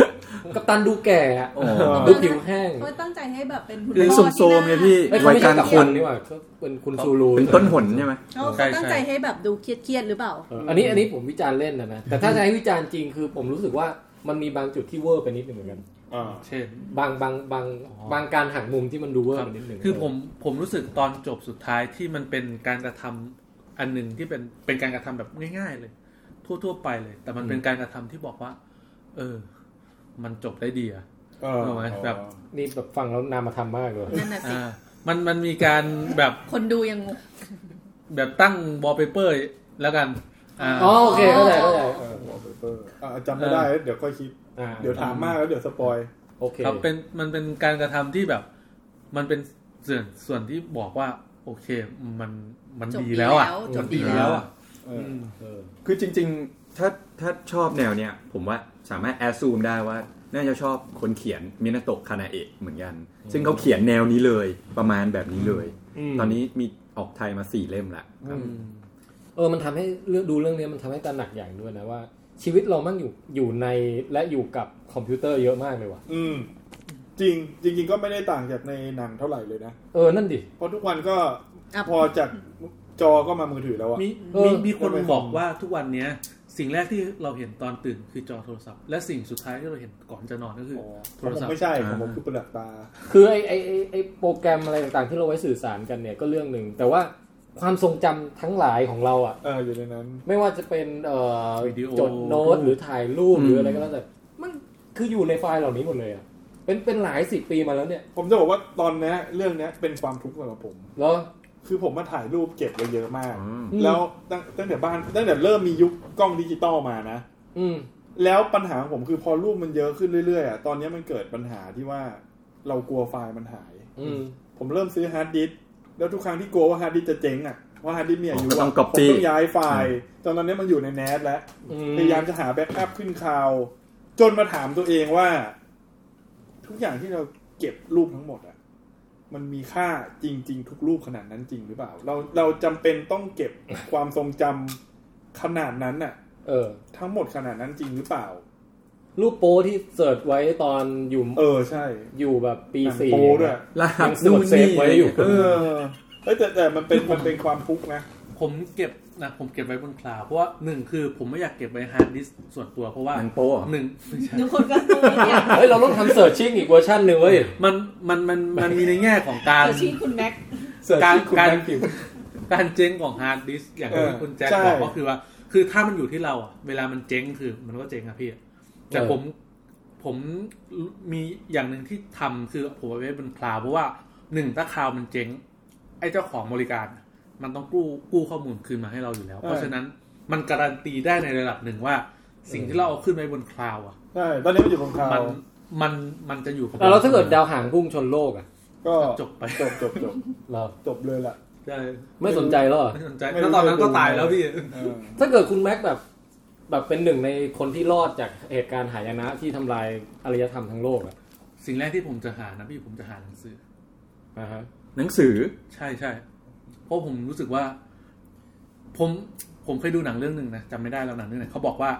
Speaker 3: กัปตันดูแก่อะ
Speaker 4: อ๋อ
Speaker 3: ดูผิวแห้ง
Speaker 5: เขาตั้งใจให้แบบเป็นคุณ
Speaker 4: คือ
Speaker 5: พ่อ
Speaker 4: สมโซมไงพี่
Speaker 3: ไม่เขา
Speaker 4: วัย
Speaker 3: ไม่
Speaker 4: ก
Speaker 3: ใช่
Speaker 4: ลาง
Speaker 3: กัป
Speaker 4: ค
Speaker 3: ตั
Speaker 4: น
Speaker 3: นนี่หว่าเขาเป็นคุณซูรู
Speaker 4: เป็นต้นหนใช่ไหม
Speaker 5: เขาตั้งใจให้แบบดูเครียดๆหรือเปล่า
Speaker 3: เอออันนี้อันนี้ผมวิจารณ์เล่นนะนะแต่ถ้าจะให้วิจารณ์จริงคือผมรู้สึกว่ามันมีบางจุดที่เวอร์ไปนิดนึงเหมือนกัน
Speaker 6: อ่า
Speaker 2: เช่น
Speaker 3: บางบางบาง
Speaker 2: อ๋อ
Speaker 3: บางการหักมุมที่มันดูเวอร์ไปนิดนึง
Speaker 2: คือผมผมรู้สึกตอนจบสุดท้ายที่มันเป็นการกระทำอันหนึ่งที่เป็นเป็นการกระทำแบบง่าย ๆ เลย ทั่วๆไปเลย แต่มันเป็นการกระทำที่บอกว่า เออ มันจบได้ดีอะ
Speaker 6: เออ
Speaker 2: เอาไว้แบบ
Speaker 3: นี่แบบฟังแล้วนามธรรมมากเลย
Speaker 5: นั่นน่ะสิ
Speaker 2: อ่า มันมันมีการแบบ
Speaker 5: คนดูยังงง
Speaker 2: แบบตั้งวอลเปเปอร์แล้วกันอ่า
Speaker 3: อ๋อโอเคเข้าใจเข้าใจเออ
Speaker 6: วอลเปเปอร์อ่ะจำไม่ได้ เดี๋ยวค่อยคิด
Speaker 3: อ่า
Speaker 6: เดี๋ยวถามมากแล้วเดี๋ยวสปอย
Speaker 3: โอเค
Speaker 2: ครับเป็นมันเป็นการกระทำที่แบบ มันเป็นส่วนส่วนที่บอกว่า โอเค มันมัน
Speaker 5: จบ
Speaker 2: ดี
Speaker 5: ดี
Speaker 2: แล้วอ่ะ
Speaker 5: แล้วจบ
Speaker 2: ดี
Speaker 5: ดี
Speaker 2: แล้
Speaker 5: แล้วว
Speaker 2: อ่ะ
Speaker 6: เออ
Speaker 3: เออ
Speaker 4: คือจริงๆ ถ้าถ้าชอบแนวเนี้ยผมว่าสามารถแอดซูมได้ว่า น่าจะชอบคนเขียนมินาโตะคานาเอะเหมือนกัน ซึ่งเขาเขียนแนวนี้เลยประมาณแบบนี้เลย ตอนนี้มีออกไทยมาสี่เล่มละครับ
Speaker 3: เออมันทำให้เรื่องดูเรื่องนี้มันทำให้ตระหนักอย่างด้วยนะว่า ชีวิตเรามั่งอยู่อยู่ในและอยู่กับคอมพิวเตอร์เยอะมากเลยว่ะ
Speaker 6: อืม จริง จริง ๆ ก็ไม่ได้ต่างจากในหนังเท่าไหร่เลยนะ
Speaker 3: เออนั่นดิ
Speaker 6: เพราะทุกวันก็
Speaker 5: อ่ะ
Speaker 6: พอจากจอก็มามือถือแล้วอะ
Speaker 2: มี
Speaker 3: เออ
Speaker 2: มีมีคนบอกว่าทุกวันเนี้ย สิ่งแรกที่เราเห็นตอนตื่นคือจอโทรศัพท์ และสิ่งสุดท้ายที่เราเห็นก่อนจะนอนก็คืออ
Speaker 6: อ๋อ
Speaker 2: โท
Speaker 6: ข
Speaker 2: ร
Speaker 6: องผม
Speaker 2: ศัพท์
Speaker 6: ไม่ใช่ของผมคือเปลือกตา
Speaker 3: คือไอไอไอ้ไอโปรแกรมอะไรต่างๆที่เราไว้สื่อสารกันเนี่ยก็เรื่องหนึ่งแต่ว่าความทรงจำทั้งหลายของเราอ่ะ
Speaker 6: เอออยู่ในนั้น
Speaker 3: ไม่ว่าจะเป็นเอ่อ
Speaker 2: วิดีโอ
Speaker 3: จดโน้ตหรือถ่ายรูปหรืออะไรก็แล้วแต่มันคืออยู่ในไฟล์เหล่านี้หมดเลยอ่ะเป็นเป็นหลายสิบปีมาแล้วเนี่ย
Speaker 6: ผมจะบอกว่าตอนเนี้ยเรื่องเนี้ยเป็นความทุกข์สำหรับผม
Speaker 3: แล้ว
Speaker 6: คือผมมาถ่ายรูปเก็บไว้เยอะมาก
Speaker 4: อืม
Speaker 3: อืม
Speaker 6: แล้วตั้งตั้งแต่บ้านตั้งแต่เริ่มมียุคกล้องดิจิตอลมานะ
Speaker 3: อืม
Speaker 6: แล้วปัญหาของผมคือพอรูปมันเยอะขึ้นเรื่อยๆอ่ะตอนเนี้ยมันเกิดปัญหาที่ว่าเรากลัวไฟล์มันหาย
Speaker 3: อืม
Speaker 6: ผมเริ่มซื้อฮาร์ดดิสก์แล้วทุกครั้งที่กลัวว่าฮาร์ดดิสก์จะเจ๊งอ่ะเพราะฮาร์ดดิสก์มีอายุ
Speaker 4: ก็ต้
Speaker 6: อะ
Speaker 4: อง
Speaker 6: ผม
Speaker 4: copy
Speaker 6: ต้องย้ายไฟล์ตอนนั้นเนี้ยมันอยู่ในแนทแล้ว
Speaker 3: อื
Speaker 6: พยายามจะหาแบ็กอัพขึ้นคราว จนมาถามตัวเองว่า ทุกอย่างที่เราเก็บรูปทั้งหมดอะมันมีค่าจริง ๆ ทุกรูปขนาดนั้นจริงหรือเปล่า เราเราจำเป็นต้องเก็บ ความทรงจำขนาดนั้นน่ะ
Speaker 3: เออ
Speaker 6: ทั้งหมดขนาดนั้นจริงหรือเปล่า
Speaker 3: รูปโป้ที่เสิร์ชไว้ตอนอยู่
Speaker 6: เออใช่
Speaker 3: อยู่แบบปี
Speaker 6: หนัง
Speaker 3: สี่
Speaker 6: โป้ด้วย
Speaker 4: รหัส
Speaker 3: ยังสวด
Speaker 4: นู่น
Speaker 3: เซฟ
Speaker 4: นี่
Speaker 3: ไว้อยู่
Speaker 4: เอ
Speaker 6: เอ
Speaker 4: อ
Speaker 6: อเอ้ยแต่แต่มันเป็นมันเป็นความทุกข์นะ
Speaker 2: ผมเก็บนะผมเก็บไว้บนคลาวด์เพราะว่าหนึ่งคือผมไม่อยากเก็บไว้ฮาร์ดดิสก์ส่วนตัวเพราะว่า
Speaker 4: หนังโป๊เหรอ
Speaker 2: หนึ่งไม่ใช่
Speaker 5: ทุกคนก็รู้เนี่ย
Speaker 3: เฮ้ย เราต้องทำเสิร์ชชิ่งอีกเวอร์ชันหนึ่งเว้ย
Speaker 2: มันมันมันมันมีในแง่ของการ
Speaker 5: เออชีคุณแม็กซ์
Speaker 6: เสิร์ช
Speaker 2: การ
Speaker 6: ชื่อคุณ
Speaker 2: การ
Speaker 6: แม่งพิมพ์
Speaker 2: การเจ๊งของฮาร์ดดิสอย่าง
Speaker 6: เออ
Speaker 2: ที่คุณแจ็ค
Speaker 6: ใช่
Speaker 2: บอกก็คือว่า คือถ้ามันอยู่ที่เราอะเวลามันเจ๊งคือมันก็เจ๊งอะพี่ แต่
Speaker 3: เออ
Speaker 2: ผมผมมีอย่างหนึ่งที่ทำคือผมเอาไว้เป็นคลาวด์เพราะว่าหนึ่งถ้าคลาวด์มันเจ๊ง ไอ้เจ้าของบริการ มันต้องกู้กู้ข้อมูลคืนมาให้เราอยู่แล้ว เพราะฉะนั้นมันการันตีได้ในระดับหนึ่งว่า สิ่งที่เราเอาขึ้นไปบนคลาวด์อะ
Speaker 6: ใช่ตอนนี้มันอยู่บนคราว
Speaker 2: มันมันมันจะอยู่กับ
Speaker 3: แล้วถ้าเกิดดาวหางพุ่งชนโลกอ่ะ
Speaker 6: ก็
Speaker 2: จบไป
Speaker 6: จบจบจบ
Speaker 3: เรา
Speaker 6: จบเลยล่ะ
Speaker 2: ใช่
Speaker 3: ไม่สนใจแล้วเหรอ
Speaker 2: ไม่สนใจแล้วตอนนั้นก็ตายแล้วพี่
Speaker 6: เออ
Speaker 3: ถ้าเกิดคุณแม็กแบบ แบบเป็นหนึ่งในคนที่รอดจากเหตุการณ์หายนะที่ทำลายอารยธรรมทั้งโลกอ่ะ
Speaker 2: สิ่งแรกที่ผมจะหานะพี่ผมจะหาหนังสือ
Speaker 3: นะฮะ
Speaker 4: หนังสือ
Speaker 2: ใช่ใช่เพราะผมรู้สึกว่า ผมผมเคยดูหนังเรื่องหนึ่งนะจำไม่ได้แล้วหนังเรื่องไหนเขาบอกว่า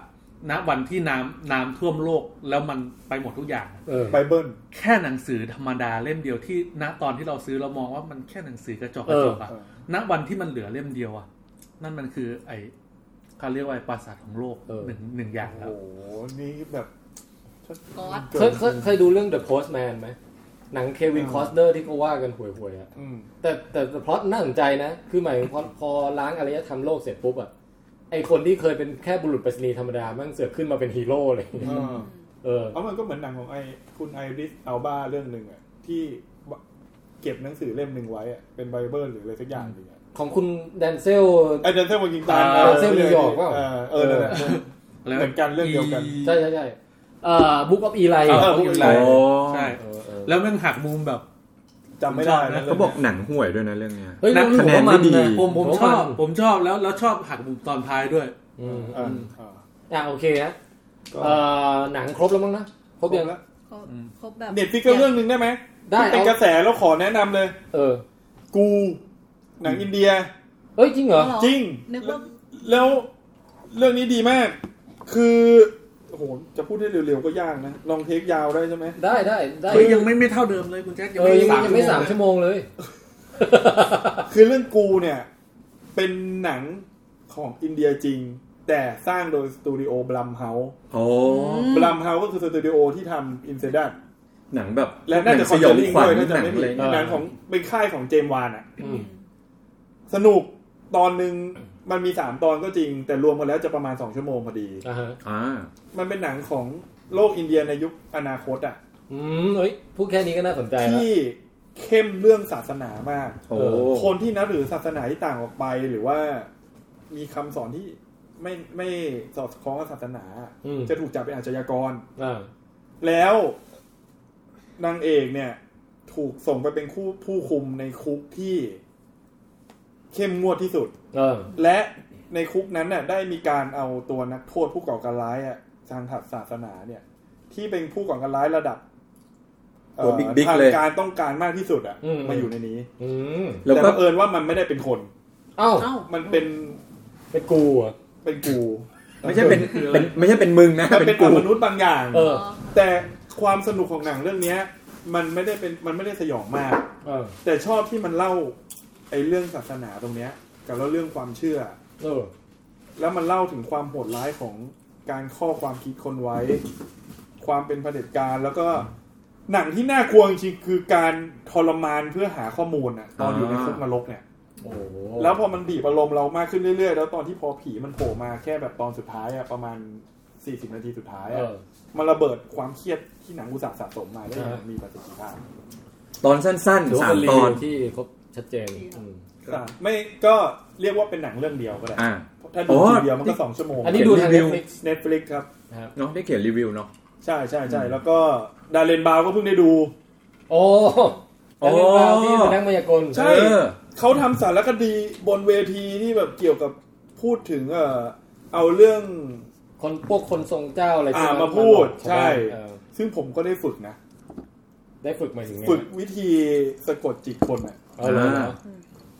Speaker 2: ณวันที่น้ำน้ำท่วมโลกแล้วมันไปหมดทุกอย่าง
Speaker 3: เออ
Speaker 6: ไบเบิล
Speaker 2: แค่หนังสือธรรมดาเล่มเดียวที่ ณตอนที่เราซื้อเรามองว่ามันแค่หนังสือกระจอกกระจอกอะ
Speaker 6: เออ
Speaker 2: ณวันที่มันเหลือเล่มเดียวอะนั่นมันคือ ไอเขาเรียกว่าไอ้ปราสาทของโลก
Speaker 3: เออ
Speaker 2: หนึ่งหนึ่งอย่างแล้ว
Speaker 6: โอ้โห นี่แบบ
Speaker 5: กอด
Speaker 3: เคยเคยเคยดูเรื่อง The Postman ไหมหนังเควินคอสเตอร์ที่เขาว่ากันห่วยๆอ่ะ
Speaker 6: อืม
Speaker 3: แต่แต่แต่เพราะน่าสนใจนะ คือหมายถึงพอพอล้างอารยธรรมโลกเสร็จปุ๊บอ่ะ ไอคนที่เคยเป็นแค่บุรุษไปรษณีย์ธรรมดามั่งเสือกขึ้นมาเป็นฮีโร่เลย
Speaker 6: เออ
Speaker 3: เออ
Speaker 6: เอามันก็เหมือนหนังของไอ้คุณไอริสอัลบาเรื่องหนึ่งอะที่เก็บหนังสือเล่มหนึ่งไว้อะเป็นไบเบิลหรืออะไรสักอย่างหนึ่งอะ
Speaker 3: ของคุณแดนเซล
Speaker 6: ไอ้เดนเซลวอชิงตัน
Speaker 3: อ่า Denzel นิวยอร์กเปล่า
Speaker 6: เออเออนั่นแหละ เหมือนกันเรื่องเดียวกัน
Speaker 2: อี
Speaker 3: ใช่ใช่ใช่เอ่อบุ๊กออฟอีไล
Speaker 2: เออพวกอะไร
Speaker 4: อ๋อ
Speaker 2: ใช่
Speaker 3: เออเออ
Speaker 2: แล้วมันหักมุมแบบ
Speaker 6: จำไม่ได้นะ
Speaker 4: เขาบอกหนังห่วยด้วยนะเรื่องเนี้ย
Speaker 3: เฮ้ย
Speaker 2: นั
Speaker 3: นั
Speaker 2: ก
Speaker 3: ก
Speaker 4: คะแนนไม่ดี
Speaker 2: ผมผมชอบ ผมชอบแล้วแล้วชอบหักมุมตอนท้ายด้วย
Speaker 3: อืม
Speaker 6: เออเออ
Speaker 3: อ่าโอเคนะ
Speaker 6: ก็
Speaker 3: เอ่อหนังครบแล้วมั้งนะ ค
Speaker 6: คร
Speaker 3: ร
Speaker 6: บบ
Speaker 3: ยัง
Speaker 6: แล้ว
Speaker 5: ครบครบแบบ
Speaker 6: เน็ตฟิกก็เรื่องหนึ่งได้ไหม
Speaker 3: ได้
Speaker 6: ที่เป็นกระ
Speaker 3: เอา
Speaker 6: แสแล้วขอแนะนำเลย
Speaker 3: เออ
Speaker 6: กู หนังอินเดีย
Speaker 3: เอ้ยจริงเหรอ
Speaker 5: เหอ
Speaker 6: จริง
Speaker 5: นึกว่า
Speaker 6: แล้วเรื่องนี้ดีมาก คือโอ้โหจะพูดให้เร็วๆก็ยากนะ ลองเทคยาวได้ใช่ไหม
Speaker 3: ได้ได้ได้
Speaker 2: เฮ้ยยังไม่ไม่เท่าเดิมเลยคุณแจ็คยัง
Speaker 3: เออ
Speaker 2: ไม่
Speaker 3: ยังไม่ยังไม่สา
Speaker 2: สาม ม
Speaker 3: ชั่วโมงเลย
Speaker 6: คือเรื่องกูเนี่ย เป็นหนังของอินเดียจริง แต่สร้างโดยสตูดิโอบลัมเฮาส์
Speaker 4: โอ้
Speaker 6: บลัมเฮาส์ก็คือสตูดิโอที่ทำอินเซดัต
Speaker 4: หนังแบบ
Speaker 6: และน่าจะ
Speaker 4: หงสยองขวัญ
Speaker 6: ด้วยน่าจะ
Speaker 4: หนังอะ
Speaker 6: ไม่ผิ
Speaker 4: ไร
Speaker 6: ด
Speaker 4: เงี้ย
Speaker 6: หนังของเป็นค่ายของเจมส์วานอะ
Speaker 3: อืม
Speaker 6: สนุกตอนหนึ่งมันมีสามตอนก็จริง แต่รวมกันแล้วจะประมาณสองชั่วโมงพอดี
Speaker 3: อ่าฮะ
Speaker 4: อ่า
Speaker 6: มันเป็นหนังของโลกอินเดียในยุคอนาคตอะ
Speaker 3: อืมเอ้ยพูดแค่นี้ก็น่าสนใจแล้ว
Speaker 6: ที่เข้มเรื่องศาสนามาก
Speaker 4: โอ้
Speaker 3: เออ
Speaker 6: คนที่นับถือศาสนาที่ต่างออกไปหรือว่ามีคำสอนที่ ไม่ไม่สอดคล้องกับศาสนา
Speaker 3: อืม
Speaker 6: จะถูกจับเป็นอาชญากร
Speaker 3: อ่า
Speaker 6: แล้วนางเอกเนี่ย ถูกส่งไปเป็นคู่ผู้คุมในคุกที่เข้มงวดที่สุด
Speaker 3: เออ
Speaker 6: และในคุกนั้นน่ะได้มีการเอาตัวนักโทษผู้ก่อการร้ายอะทางศาสนาเนี่ย ที่เป็นผู้ก่อการร้ายระดับเอ่อ
Speaker 4: ตัวบิ๊กๆ
Speaker 6: ทาง
Speaker 4: เลย
Speaker 6: การต้องการมากที่สุดอะ
Speaker 3: อืม
Speaker 6: มาอยู่ในนี้
Speaker 3: อืม
Speaker 4: แล้ว
Speaker 6: แต่
Speaker 4: ก็
Speaker 6: บังเอิญว่ามันไม่ได้เป็นคน
Speaker 3: เอ้า
Speaker 5: เอ้า
Speaker 6: มันเป็น
Speaker 3: เป็นกูอ่ะ
Speaker 6: เป็นกู
Speaker 4: ไม่ใช่เป็นเป็นไม่ใช่เป็นมึงนะ
Speaker 6: มัน
Speaker 4: เป็
Speaker 6: เป็น
Speaker 4: นกู
Speaker 6: มนุษย์บางอย่าง
Speaker 3: เออ
Speaker 6: แต่ความสนุกของหนังเรื่องเนี้ย มันไม่ได้เป็นมันไม่ได้สยองมาก
Speaker 3: เออ
Speaker 6: แต่ชอบที่มันเล่าไอ้เรื่องศาสนาตรงเนี้ย กับเล่าเรื่องความเชื่อ
Speaker 3: เออ
Speaker 6: แล้วมันเล่าถึงความโหดร้ายของการข้อความคิดคนไว้ ความเป็นเผด็จการแล้วก็หนังที่น่ากลัวจริงๆคือการทรมานเพื่อหาข้อมูลอะตอนอยู่ในคุกนรกเนี่ย
Speaker 3: โอ้โห
Speaker 6: แล้วพอมันบีบอารมณ์เรามากขึ้นเรื่อยๆ แล้วตอนที่พอผีมันโผล่มาแค่แบบตอนสุดท้ายอะประมาณ 40 นาทีสุดท้าย
Speaker 3: เอ
Speaker 6: อะ
Speaker 3: อ
Speaker 6: มันระเบิดความเครียดที่หนังอุตสาห์สะสมมาได้อย่าง
Speaker 3: อ่ามี
Speaker 6: มีประสิทธิภาพ
Speaker 4: ตอนสั้น
Speaker 3: ถือ
Speaker 4: ๆ
Speaker 3: ว่า
Speaker 4: สาม
Speaker 3: เป็นรี
Speaker 4: ตอ
Speaker 3: วิ
Speaker 4: น
Speaker 3: วที่ครบชัดเจนอืม
Speaker 6: อ่ะไม่ก็เรียกว่าเป็นหนังเรื่องเดียวก็ได้
Speaker 4: อ่า
Speaker 6: ถ้าดู
Speaker 4: อ๋อ
Speaker 6: ทีเดียวมันก็สองชั่วโมง
Speaker 3: อันนี้ดูทาง
Speaker 4: รี
Speaker 3: เน็ต
Speaker 4: วิว
Speaker 3: ฟลิกซ์
Speaker 6: เน็ตฟลิกครับ
Speaker 4: เนาะได้เขียนรีวิวเนาะ
Speaker 6: ใช่ใช่ใช่แล้วก็ดาเลนบาวก็เพิ่งได้ดู
Speaker 3: โอ้อันนี้เราที่เป็นนักมายากล
Speaker 6: ใช่
Speaker 4: เออ
Speaker 6: เขาทำสารคดีบนเวทีที่แบบเกี่ยวกับพูดถึงเอ่อเอาเรื่อง
Speaker 3: คนพวกคนทรงเจ้าอะไร
Speaker 6: อ่า
Speaker 3: ที่
Speaker 6: มาพูด
Speaker 3: ชาวบ้าน
Speaker 6: ใช่
Speaker 3: เออ
Speaker 6: ซึ่งผมก็ได้ฝึกนะ
Speaker 3: ได้ฝึกมาถึงไง
Speaker 6: ฝึกวิธีสะกดจิตคนอ่ะ
Speaker 3: เออเหรอ
Speaker 4: อ่า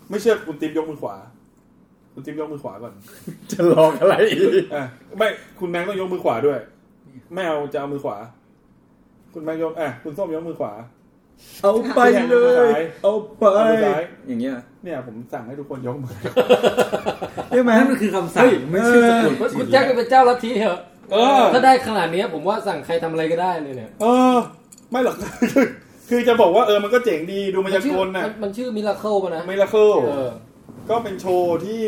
Speaker 6: ไม่เชื่อคุณติ๊บยกมือขวา คุณติ๊บยกมือขวาก่อน
Speaker 4: จะลองอะไรอีก
Speaker 6: อ่ะไม่คุณแม็กต้องยกมือขวาด้วย ไม่เอาจะเอามือขวา คุณแม็กยกอ่ะคุณส้มยกมือขวา
Speaker 4: เอาไปเลย เอาไป
Speaker 6: เอามือซ้าย
Speaker 4: อย่างเงี้ย
Speaker 6: เนี่ยผมสั่งให้ทุกคนยกมือ
Speaker 4: ใช่ไหม
Speaker 2: นั่นมันคือคำสั่ง
Speaker 4: เฮ้ย
Speaker 2: ไม่ใช่สะกด
Speaker 3: คุ
Speaker 2: จิ
Speaker 3: ณ
Speaker 2: ต
Speaker 3: แจ็คเป็นเจ้าลัทธิเหรอ
Speaker 6: เออ
Speaker 3: ถ้าได้ขนาดเนี้ยผมว่าสั่งใครทำอะไรก็ได้เลยเนี่ย
Speaker 6: เออ ไม่หรอก คือคือจะบอกว่าเออมันก็เจ๋งดีดูมันจะกลน่ะ
Speaker 3: มัมันชื่อมิราเคิลป่ะนะ
Speaker 6: ไม่ละเคิล
Speaker 3: เออ
Speaker 6: ก็เป็นโชว์ที่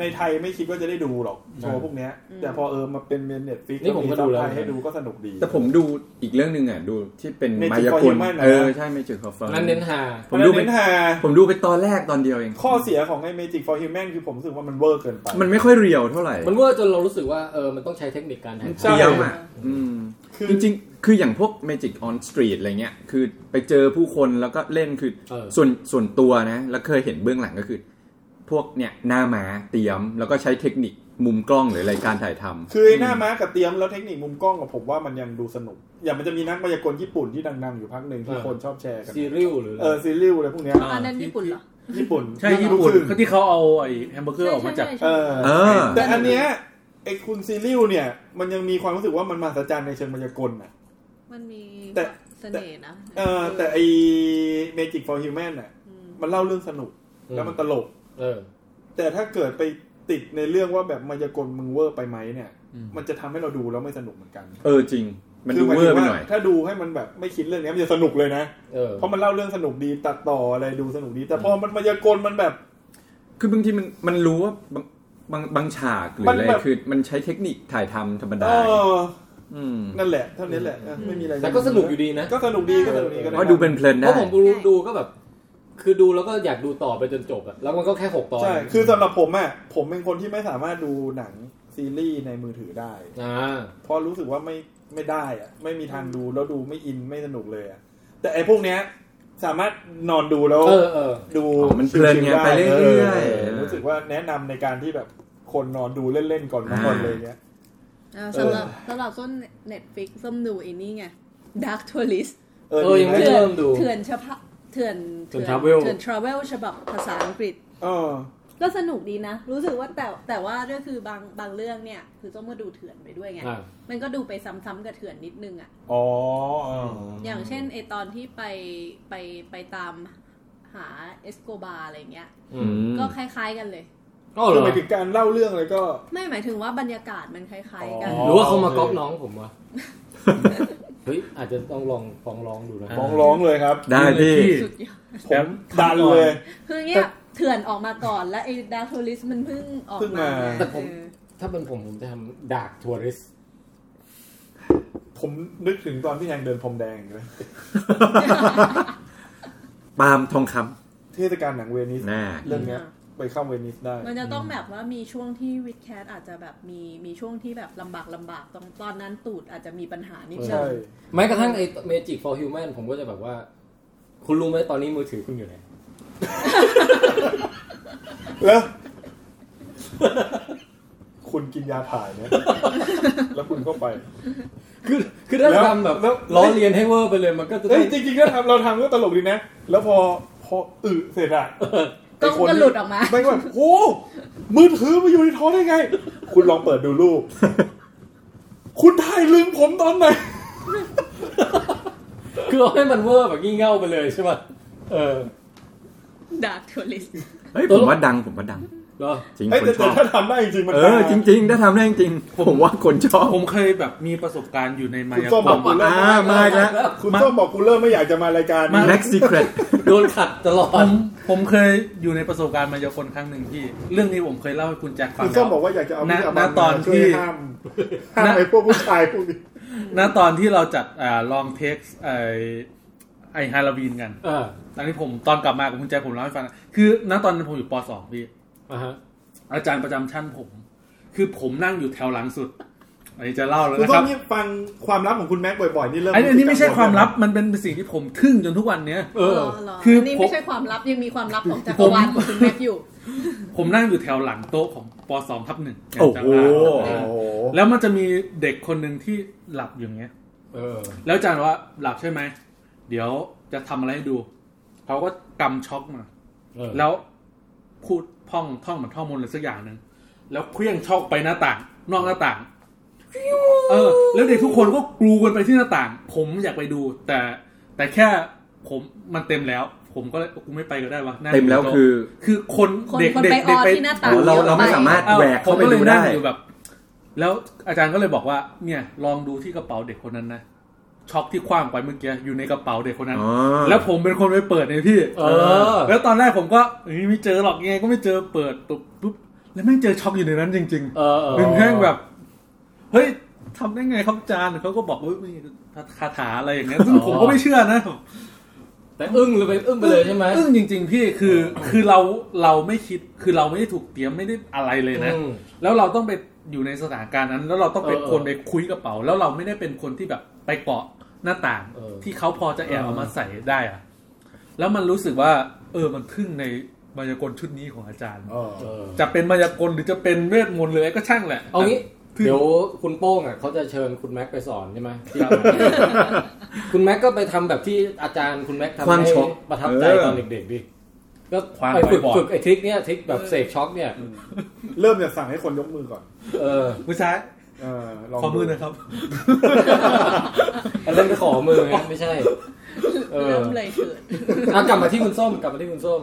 Speaker 6: ในไทยไม่คิดว่าจะได้ดูหรอก โชว์พวกเนี้ย แต่พอเออมาเป็นเมนเน็ตฟิก
Speaker 3: นี่ผมก็ดูแล้ว
Speaker 6: ให้ดูก็สนุกดี
Speaker 4: แต่ผมดูอีกเรื่องหนึ่งอ่ะ ดูที่เป็น
Speaker 6: Magic
Speaker 4: มายากล
Speaker 6: for Human นะ
Speaker 4: เออ ใช่ไม่จืดคอฟ
Speaker 3: นั่นเน้นหา
Speaker 6: เพ
Speaker 4: ผ
Speaker 6: ราะ
Speaker 4: ม
Speaker 6: ฉะนั้
Speaker 4: ดู
Speaker 6: น
Speaker 4: ไป
Speaker 6: เน้นหา
Speaker 4: ผมดูไปตอนแรกตอนเดียวเอง
Speaker 6: ข้อเสียของไอ้ Magic for Human คือผมรู้สึกว่ามันเวอร์เกินไป
Speaker 4: มันไม่ค่อยเรียวเท่าไหร่
Speaker 3: มันเวอร์จนเรารู้สึกว่าเออมันต้องใช้เทคนิคการถ่าย
Speaker 6: ใช่
Speaker 3: ทำ
Speaker 4: เรียวอ่ะอืม
Speaker 6: คือ
Speaker 4: จริงๆ คืออย่างพวก Magic on Street อะไรเงี้ย คือไปเจอผู้คนแล้วก็เล่นคือ
Speaker 3: เออ
Speaker 4: ส่วนส่วนตัวนะ แล้วเคยเห็นเบื้องหลังก็คือ พวกเนี่ยหน้าม้าเตรียม แล้วก็ใช้เทคนิคมุมกล้องหรือรายการถ่ายทำ
Speaker 6: คือไอ้หน้าม้ากับเตรียมแล้วเทคนิคมุมกล้องกับผมว่ามันยังดูสนุก อย่างมันจะมีนักมายากลญี่ปุ่นที่ดังๆ อยู่พักหนึ่งที่คนชอบแชร์กัน
Speaker 3: ซีรีส์หรืออะไร
Speaker 6: เออซีรีส์อะไรพวกเนี้ย
Speaker 2: า
Speaker 5: อันนั้นญี่ปุ่นเหรอ
Speaker 6: ญี่ปุ่น
Speaker 2: ใช่ญี่ปุ่น
Speaker 6: ลูกครึ่ง
Speaker 2: ที่เขาเอาไอ้แฮมเบอร์เกอร์ออกมาจาก
Speaker 6: เออ
Speaker 4: เออ
Speaker 6: แต่อันเนี้ยไอ้คุณซีรีส์เนี่ย มันยังมีความรู้สึกว่ามันมหัศจรรย์ในเชิงมายากลน่ะ
Speaker 5: มันมี
Speaker 6: แต่
Speaker 5: เสน่ห์นะ
Speaker 6: เออแต่ไอ้ Magic for Human น่ะ
Speaker 5: ม
Speaker 6: มันเล่าเรื่องสนุก แล้วมันตลก
Speaker 3: เออ
Speaker 6: แต่ถ้าเกิดไปติดในเรื่องว่าแบบมายากลมึงเวอร์ไปไหมเนี่ย
Speaker 2: อืม
Speaker 6: มันจะทำให้เราดูแล้วไม่สนุกเหมือนกัน
Speaker 4: เออจริง มัน
Speaker 6: คื
Speaker 4: ดู
Speaker 6: หาย
Speaker 4: เวอ
Speaker 6: ถึ
Speaker 4: ร์
Speaker 6: ง
Speaker 4: ไป
Speaker 6: ว่า
Speaker 4: หน่อย
Speaker 6: ถ้าดูให้มันแบบไม่คิดเรื่องเนี้ยมันจะสนุกเลยนะ
Speaker 3: เออ
Speaker 6: เพราะมันเล่าเรื่องสนุกดีตัดต่ออะไรดูสนุกดี แต่พอมันมายากลมันแบบ
Speaker 4: คือบางทีมันมันรู้ว่าบางบางบางฉากหรืออะไร
Speaker 6: มันแบบ
Speaker 4: คือมันใช้เทคนิคถ่ายทำธรรม
Speaker 6: เอ
Speaker 4: ดา
Speaker 6: อ
Speaker 4: ม
Speaker 6: นั่นแหละเท่านี้แหละเออไม่มีอะไร
Speaker 3: แต่ก็สนุกอยู่ดีนะ
Speaker 6: ก็สนุกดีก็สนุกดีก็
Speaker 4: ก็ดูเป็นเพลินๆ
Speaker 3: เพ
Speaker 4: ได้
Speaker 3: ราะผมดูดูก็แบบ คือดูแล้วก็อยากดูต่อไปจนจบอะแล้วมันก็แค่หกตอน
Speaker 6: ใช่คือสำหรับผมอ่ะผมเป็นคนที่ไม่สามารถดูหนังซีรีส์ในมือถือได้
Speaker 3: อ่า
Speaker 6: เพราะรู้สึกว่าไม่ไม่ได้อะไม่มีทางดูแล้วดูไม่อินไม่สนุกเลยอะแต่ไอ้พวกเนี้ย สามารถนอนดูแล้ว
Speaker 3: เออเออ
Speaker 6: ดู
Speaker 4: อ๋อมันเพลินไง
Speaker 6: ชิวๆด้
Speaker 4: ไปเรื่อย
Speaker 6: เออรู้สึกว่าแนะนำในการที่แบบคนนอนดูเล่นๆก่อนนอนเลยเนี้ย
Speaker 5: อ่าสำหรับสำหรับส้นเน็ตฟิกส้มดูไอ้นี่ไง Dark Tourist
Speaker 6: เออ
Speaker 3: เออ
Speaker 6: ดี
Speaker 3: ยัง
Speaker 6: ไหม
Speaker 3: ไม่
Speaker 5: เถื่
Speaker 3: ริ่
Speaker 5: อน
Speaker 3: มดู
Speaker 5: เถื่อนเฉพาะเถื่อน
Speaker 3: เถื่อน travel
Speaker 5: เถื่อน travel ฉบับภาษาอังกฤษ
Speaker 6: เออ
Speaker 5: ก็สนุกดีนะ รู้สึกว่าแต่แต่ว่าก็คือบางบางเรื่องเนี่ย คือต้องมาดูเถื่อนไปด้วยไง
Speaker 3: อ่า
Speaker 5: มันก็ดูไปซ้ำๆกับเถื่อนนิดนึงอ่ะ
Speaker 6: อ๋อเออ
Speaker 5: อย่างเช่นไอตอนที่ไปไปไปตามหาเอสโกบาอะไรเงี้ย
Speaker 4: ๆอืม
Speaker 5: ก็คล้าย ๆกันเลย
Speaker 3: ก็เหร
Speaker 6: คือ
Speaker 3: อ
Speaker 6: หมายถึงการเล่าเรื่องอะไรก็
Speaker 5: ไม่หมายถึงว่าบรรยากาศมันคล้ายๆกัน
Speaker 6: อ๋
Speaker 3: หรือว่าเขามาก๊อปน้องผมวะเฮ้ยอาจจะต้องลองฟ้องร้องดูนะ
Speaker 6: มองร้องเลยครับ
Speaker 4: ได้พี่
Speaker 5: สุดยอด
Speaker 6: ผมดันเลย
Speaker 5: คือเงี้ยเถื่อนออกมาก่อนแล้วไอ้ดาร์ทัวริสมันเพิ่งออก
Speaker 6: เพิ่ง
Speaker 5: มา
Speaker 6: มา
Speaker 5: ไง
Speaker 3: แต่ผม
Speaker 5: เออ
Speaker 3: ถ้าเป็นผมผมจะทำดาร์กทัวริส
Speaker 6: ผมนึกถึงตอนที่ยังเดินพรมแดงเลย
Speaker 4: ปาล์มทองค
Speaker 6: เทศกาลหนังเวนิส
Speaker 4: ำหน้า
Speaker 6: เรื่องเนี้ย ไปข้ามเวนิสได้
Speaker 5: มันจะต้องแบบว่ามีช่วงที่วิดแคทอาจจะแบบมีมีช่วงที่แบบลำบากลำบากตอนตอนนั้นตูดอาจจะมีปัญหานิดนึ
Speaker 6: ใช่
Speaker 5: ง
Speaker 3: แม้กระทั่งไอ้ Magic for Human ผมก็จะแบบว่า คุณรู้ไหมตอนนี้มือถือคุณอยู่ไหน
Speaker 6: แล้ว คุณกินยาถ่าย เนี่ย แล้วคุณก็ไป
Speaker 3: คือคือถ้า
Speaker 6: แล้ว
Speaker 3: ทำแบบ
Speaker 6: แล้ว
Speaker 3: ล้อเลียนให้เวอร์ไปเลยมันก็จะต้
Speaker 6: เอ้
Speaker 3: อย ง
Speaker 6: จริงๆก็ทำเราทำก็ตลกดีนะ แล้วพอพออึเสร็จอะไอ้
Speaker 5: ก็
Speaker 6: คน
Speaker 5: ก็หลุดออกมา
Speaker 6: ไม่ก็แบบโอ้มือถือมาอยู่ในท้องได้ไง คุณลองเปิดดู รูป คุณถ่ายลืมผมตอนไหน
Speaker 3: คือเอาให้มันเวอร์แบบงี่เง่าไปเลยใช่ป่ะเออ
Speaker 5: ดาร์กทัวริส
Speaker 4: เฮ้ยผมว่าดังผมว่าดัง
Speaker 3: เหรอ
Speaker 4: จริง
Speaker 6: เอ้ย
Speaker 4: คน
Speaker 6: แต่
Speaker 4: ช
Speaker 6: แต่
Speaker 4: อบ
Speaker 6: ถ้าทำได้จริงๆมัน
Speaker 4: เออจริง ๆ ถ้าทำได้จริงๆผมว่าคนชอบ
Speaker 2: ผมเคยแบบมีประสบการณ์อยู่ในมา
Speaker 6: คุณ
Speaker 2: ยา
Speaker 6: ส้ม
Speaker 2: ก
Speaker 6: บ
Speaker 2: ล
Speaker 6: อกคุณเลิก
Speaker 4: อ่ามาอีกแล้ว
Speaker 6: คุณส้มบอกคุณเลิกไม่อยากจะมารายการ
Speaker 4: next secret
Speaker 3: โดนขัดตลอ
Speaker 2: ผ
Speaker 3: ด
Speaker 2: มผมเคยอยู่ในประสบการณ์มายากลครั้งหนึ่งพี่ เรื่องนี้ผมเคยเล่าให้คุณแจ็คฟัง
Speaker 6: คุณส้ม
Speaker 2: แล้ว
Speaker 6: บอกว่าอยากจะเอา
Speaker 2: ณ
Speaker 6: พี่อ
Speaker 2: ณ
Speaker 6: มา
Speaker 2: ตอน
Speaker 6: ช่วย
Speaker 2: ที่
Speaker 6: ห้ามห้ามไอ้พวกผู้ชายพวกนี้
Speaker 2: ณตอนที่เราจัดลองเทคไอไอฮาโลวีนกัน
Speaker 3: เออ
Speaker 2: ตอนนี้ผมตอนกลับมากับคุณแจ็คผมเล่าให้ฟังนะคือณตอนนั้นผมอยู่ปสองพี่
Speaker 3: อ่ะฮะ
Speaker 2: อาจารย์ประจำชั้นผม คือผมนั่งอยู่แถวหลังสุดอันนี้จะเล่าแล้ว
Speaker 6: คุณ
Speaker 2: นะค
Speaker 6: ส้
Speaker 2: รั
Speaker 6: ม
Speaker 2: บ
Speaker 6: นี่ฟังความลับของคุณแม็กบ่อยๆนี่เริ่ม
Speaker 2: อันนี้อันนี้ไม่ใช่ความลับมันเป็นสิ่งที่ผมทึ่งจนทุกวันเนี้ย
Speaker 3: เออ
Speaker 5: หรอ
Speaker 2: คือ
Speaker 5: นี่
Speaker 2: ผม
Speaker 5: ไม่ใช่ความลับยังมีความลับของจักรวาลของคุณแม็กอยู่
Speaker 2: ผมนั่งอยู่แถวหลังโต๊ะของปสองทับหนึ่ง
Speaker 4: โอ้โห
Speaker 6: โอ้โห
Speaker 2: แล้วมันจะมีเด็กคนหนึ่งที่หลับอยู่อย่างเงี้ย
Speaker 3: เออ
Speaker 2: แล้วอาจารย์ว่าหลับใช่ไหม เดี๋ยวจะทำอะไรให้ดู เขาก็กำช็อกมา
Speaker 3: เออ
Speaker 2: แล้วพูดพ่องท่องเหมือนท่องมนต์อะไรสักอย่างหนึ่งแล้วเคลี้ยงช็อกไปหน้าต่าง นอกหน้าต่าง เออ แล้วเด็กทุกคนก็กรูกันไปที่หน้าต่าง ผมอยากไปดู แต่แต่แค่ผมมันเต็มแล้ว ผมก็เลยกูไม่ไปก็ได้วะนั่ง
Speaker 4: เต็มแล้ว
Speaker 2: ยู่ในโต๊ะ
Speaker 4: คือ
Speaker 2: คือคน
Speaker 5: คน
Speaker 2: เด็ก
Speaker 5: คน
Speaker 2: เด็ก
Speaker 5: ไปอ
Speaker 2: เด็ก
Speaker 5: อ
Speaker 2: ไป
Speaker 5: ที่หน้า
Speaker 4: อ๋
Speaker 5: ต่าง
Speaker 4: อเรา
Speaker 5: ยอะ
Speaker 4: เราไม่
Speaker 5: ป
Speaker 4: สามารถแหวกเข้าไป
Speaker 2: ผมก็ล
Speaker 4: ดู
Speaker 2: ย
Speaker 4: ได้
Speaker 2: นั่งอยู่แบบ แล้วอาจารย์ก็เลยบอกว่า เนี่ย ลองดูที่กระเป๋าเด็กคนนั้นนะช็อกที่คว้างไปเมื่อกี้อยู่ในกระเป๋าเด็กคนนั้น
Speaker 4: อ๋อ
Speaker 2: แล้วผมเป็นคนไปเปิดเนี่ยพี่
Speaker 3: เออ
Speaker 2: แล้วตอนแรกผมก็เอ้ยไม่เจอหรอกยังไงก็ไม่เจอเปิดปุ๊บปุ๊บแล้วแม่งเจอช็อกอยู่ในนั้นจริง
Speaker 3: เออเออ
Speaker 2: ๆมันแม่งแบบ เฮ้ยทำได้ไงครับอาจารย์เขาก็บอกว่ามีคาถาอะไรอย่างเงี้ยซึ่งผมก็ไม่เชื่อนะ
Speaker 3: แต่อึ้งเลยไปอึ้งไปเลยใช่ไหม
Speaker 2: อึ้งจริง ๆ พี่คือคือเราเราไม่คิดคือเราไม่ได้ถูกเตรียมไม่ได้อะไรเลยนะ
Speaker 3: อืม
Speaker 2: แล้วเราต้องไปอยู่ในสถานการณ์นั้น แล้วเราต้องเป็น
Speaker 3: เออ
Speaker 2: คนไปคุยกระเป๋า แล้วเราไม่ได้เป็นคนที่แบบไปเกาะหน้าต่าง
Speaker 3: เออ
Speaker 2: ที่เขาพอจะแอบเอามาใส่ได้อะแล้วมันรู้สึกว่า เออมันทึ่งในมายากลชุดนี้ของอาจารย์
Speaker 6: เออ
Speaker 3: เออ
Speaker 2: จะเป็นมายากลหรือจะเป็นเวทมนต์เลยก็ช่างแหละ
Speaker 3: เอางี้
Speaker 2: ทึ่ง
Speaker 3: เดี๋ยวคุณโป้งอ่ะเขาจะเชิญคุณแม็กไปสอน ใช่ไหมที่เราคุณแม็กก็ไปทำแบบที่อาจารย์คุณแม็กทำ
Speaker 4: ความ
Speaker 3: ให้
Speaker 4: ช็อก
Speaker 3: ประทับใจ
Speaker 4: เออ
Speaker 3: ตอนเด็กๆดิก็
Speaker 2: ความ
Speaker 3: ไปฝึก
Speaker 2: บ่อยๆ
Speaker 3: ฝึกไอ้ทริคเนี้ยทริคแบบเสกช็อกเนี่ย
Speaker 6: เริ่มจากสั่งให้คนยกมือก่อน
Speaker 3: เอ อ
Speaker 2: ผู้ชาย
Speaker 6: เออลอง
Speaker 2: ขอมือหนะครับ
Speaker 3: อันนั้นก็ขอมือไงไม่ใช่ เออ
Speaker 5: เริ่มเลยเถิด
Speaker 3: เอากลับมาที่คุณส้มกลับมาที่คุณส้ม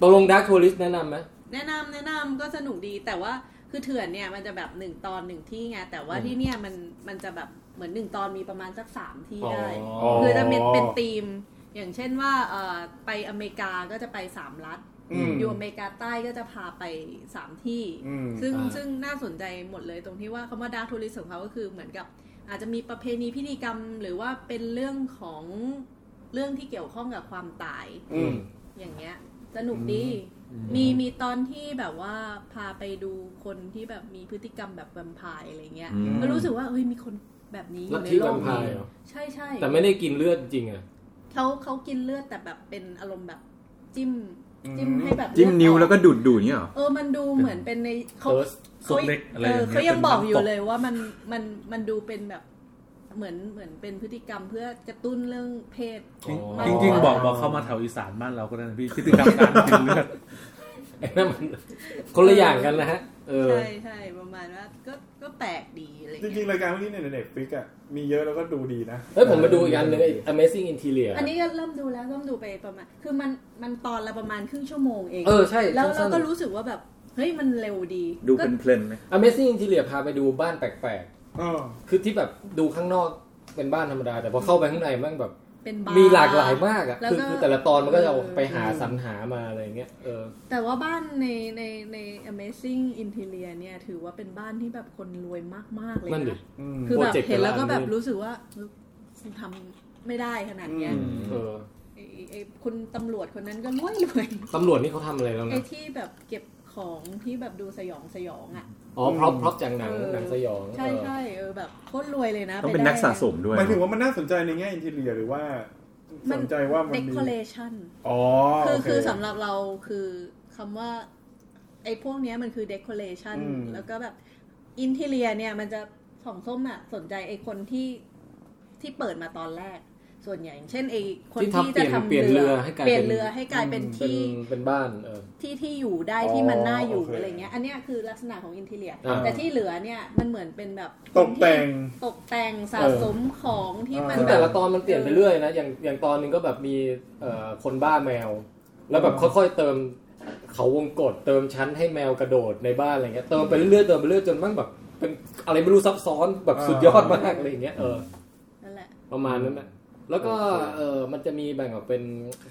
Speaker 3: ตกลงดาร์คทัวริสแนะนำไหม
Speaker 5: แนะนำแนะนำก็สนุกดีแต่ว่าคือเถื่อนเนี่ยมันจะแบบหนึ่งตอนหนึ่งที่ไงแต่ว่าที่เนี่ยมันมันจะแบบเหมือนหนึ่งตอนมีประมาณสักสามที่ได้ คือจะเป็นเป็นธีม อย่างเช่นว่าเอ่อไปอเมริกาก็จะไปสามรัฐ
Speaker 6: อืม
Speaker 5: อยู่อเมริกาใต้ก็จะพาไปสามที่
Speaker 6: อืม
Speaker 5: ซึ่ง
Speaker 3: อ่า
Speaker 5: ซึ่งน่าสนใจหมดเลยตรงที่ว่าคำว่าดาร์ท u ริสของเขาก็คือเหมือนกับ อาจจะมีประเพณีพิธีกรรม หรือว่าเป็นเรื่องของเรื่องที่เกี่ยวข้องกับความตาย
Speaker 6: อืม
Speaker 5: อย่างเงี้ย สนุกดีมีมีตอนที่แบบว่าพาไปดูคนที่แบบมีพฤติกรรมแบบแวมไพร์อะไรเงี้ย
Speaker 4: อืม
Speaker 5: ก็รู้สึกว่าเฮ้ยมีคนแบบนี้อ
Speaker 3: ลัท
Speaker 5: ยู่ใน
Speaker 3: ธิ
Speaker 5: โล
Speaker 3: แว
Speaker 5: ก
Speaker 3: มไพ
Speaker 5: นี้
Speaker 3: ร์เหรอ
Speaker 5: ใช่ใช่
Speaker 3: แต่ไม่ได้กินเลือดจริง อ่ะ
Speaker 5: เขาเขากินเลือดแต่แบบเป็นอารมณ์แบบจิ้ม
Speaker 6: อืม
Speaker 5: จิ้มให้แบบ
Speaker 4: จิ้ม
Speaker 5: เอออก
Speaker 4: นิ้วแล้วก็ดูดดูดเงี้ยเหรอ
Speaker 5: เออมันดูเหมือนเป็นในเขา
Speaker 3: เออ
Speaker 2: ศพเล็กอะไร
Speaker 5: เออ
Speaker 2: แบบเนี้ย
Speaker 5: เขายัง
Speaker 2: เป็น
Speaker 5: บอกอยู่
Speaker 2: น้ำตก
Speaker 5: เลยว่ามันมันมันดูเป็นแบบเหมือนเหมือนเป็นพฤติกรรมเพื่อกระตุ้นเรื่องเพศ
Speaker 3: อ๋อ
Speaker 2: จริง ๆ บอกบอกเข้ามาแถวอีสานบ้านเราก็ได้นะพี่พฤติกรรมการกินเลือด
Speaker 3: ไอ้นั่นมันคนละอย่างกันนะฮะ เออ
Speaker 5: ใช่ใช่ประมาณว่าก็ก็แปลกดีอะไร
Speaker 6: จริ
Speaker 5: เงี้ย
Speaker 6: งๆ รายการพวกนี้ในเน็ตฟิกอ่ะ มีเยอะแล้วก็ดูดีนะ
Speaker 3: เฮ้ยผมมาดูอีกอันหนึงไอ้ Amazing Interior
Speaker 5: อันนี้ก็เริ่มดูแล้วเริ่มดูไปประมาณ คือมันมันตอนละประมาณครึ่งชั่วโมงเอง
Speaker 3: เออใช่
Speaker 5: แล้ว
Speaker 3: สั้
Speaker 5: เรา
Speaker 3: นๆ
Speaker 5: ก็รู้สึกว่าแบบเฮ้ยมันเร็วดี
Speaker 4: ดู
Speaker 5: ก็
Speaker 4: เป็นเพลินๆไหม
Speaker 3: Amazing Interior พาไปดูบ้านแปลก
Speaker 6: เออ
Speaker 3: ๆ คือที่แบบดูข้างนอกเป็นบ้านธรรมดา แต่พอเข้าไปข้างในแมันแบบ
Speaker 5: เป็นบาร์
Speaker 3: มีหลากหลายมากอ่ะ
Speaker 5: แล้วก็
Speaker 3: คือคือแต่ละตอนมันก็จะเอาไปหา
Speaker 5: เออ
Speaker 3: สรรหามาอะไรเงี้ย เออ
Speaker 5: แต่ว่าบ้านในในใน Amazing Interior เนี่ย ถือว่าเป็นบ้านที่แบบคนรวยมาก ๆ เลย
Speaker 3: นั่นดิ
Speaker 5: นะ
Speaker 6: อืม
Speaker 5: คือแบบ
Speaker 3: Project
Speaker 5: เห็นแล้วก็แบบ
Speaker 3: แต่ละอันนี่
Speaker 5: รู้สึกว่าเฮ้ยคงทำไม่ได้ขนาดเนี้ย
Speaker 6: อืม
Speaker 3: เออ
Speaker 5: ไอ้ไอ้คุณตำรวจคนนั้นก็รวยรวย
Speaker 3: ตำรวจนี่เขาทำอะไรแล้ว
Speaker 5: ไอ้
Speaker 3: นะ
Speaker 5: ที่แบบเก็บของที่แบบดูสยองสยองอ่ะ
Speaker 3: อ๋อพร็อพพร็อพจากหนัง
Speaker 5: เออ
Speaker 3: หนังสยอง
Speaker 5: ใช่
Speaker 3: เออ
Speaker 5: ใช่เออแบบโคตรรวยเลยนะ
Speaker 4: ต้องเป็นนักสะสมด้วย
Speaker 6: หมายถึงว่ามันน่าสนใจในแง่อินเทียหรือว่า สนใจว่ามัน
Speaker 5: เด
Speaker 6: มี
Speaker 5: คอเรชั่น
Speaker 6: อ๋อ
Speaker 5: คือ
Speaker 6: โเ
Speaker 5: คือสำหรับเราคือคำว่าไอ้พวกเนี้ยมันคือ decoration
Speaker 6: อืม
Speaker 5: แล้วก็แบบอินเทเรียเนี่ยมันจะของส้มอะสนใจไอ้คนที่ที่เปิดมาตอนแรก ส่วนใหญ่อย่างเช่นไอ้คน
Speaker 3: ที่ทำ
Speaker 5: ที่
Speaker 3: เป
Speaker 5: จะ
Speaker 3: ลี่ยน
Speaker 5: ทำ
Speaker 3: เปลี่ยนเรือให้กลาย
Speaker 5: เปลี่ยนเรือให้กลายเป็น
Speaker 3: เป็น
Speaker 5: ที่
Speaker 3: เป็นบ้านเออ
Speaker 5: ที่ที่อยู่ได้
Speaker 6: อ๋อ
Speaker 5: ที่มันน่าอยู่
Speaker 6: โอเค
Speaker 5: อะไรเงี้ย อันเนี้ยคือลักษณะของอินเทเรีย
Speaker 3: อ่า
Speaker 5: แต่ที่เหลือเนี่ยมันเหมือนเป็นแบบ
Speaker 6: ตกแต่ง
Speaker 5: ตกแต่งสะสมของที่มัน
Speaker 3: คือ
Speaker 5: แบ
Speaker 3: แต่
Speaker 5: บ
Speaker 3: ละตอนมันเปลี่ยนไปเรื่อยนะอย่างอย่างตอนหนึงก็แบบมีเอ่อคนบ้าแมว แล้วแบบค่อยๆเติมเขาวงกดเติมชั้นให้แมวกระโดดในบ้านอะไรเงี้ยเติมไปเรื่อยๆเติมไปเรื่อยจนมั่งแบบเป็นอะไรไม่รู้ซับซ้อนแบบสุดยอดมากอะไรอย่างเงี้ยเออ
Speaker 5: นั่นแหละ
Speaker 3: ประมาณนั้นนะแล้วก็เออมันจะมีแบ่งออกเป็น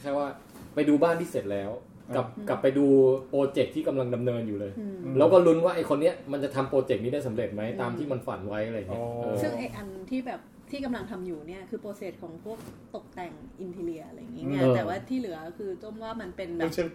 Speaker 3: แค่ว่าไปดูบ้านที่เสร็จแล้ว กับ
Speaker 5: อืม
Speaker 3: กับไปดูโปรเจกต์ที่กำลังดำเนินอยู่เลย
Speaker 5: อืม
Speaker 6: ม
Speaker 3: แล้วก็ลุ้นว่าไอคนเนี้ยมันจะทำโปรเจกต์นี้ได้สำเร็จไหมตามที่มันฝันไว้อะไรอย่างเงี้ย
Speaker 6: อ๋อ
Speaker 3: เออ
Speaker 5: ซึ่งไออันที่แบบที่กำลังทำอยู่เนี่ยคือโปรเซสของพวกตกแต่งอินเทเรียอะไรอย่างเงี้ย
Speaker 3: เออ
Speaker 5: แต่ว่าที่เหลือคือต้มว่ามันเป็นแบ
Speaker 6: ไม่
Speaker 5: บ
Speaker 6: ใช่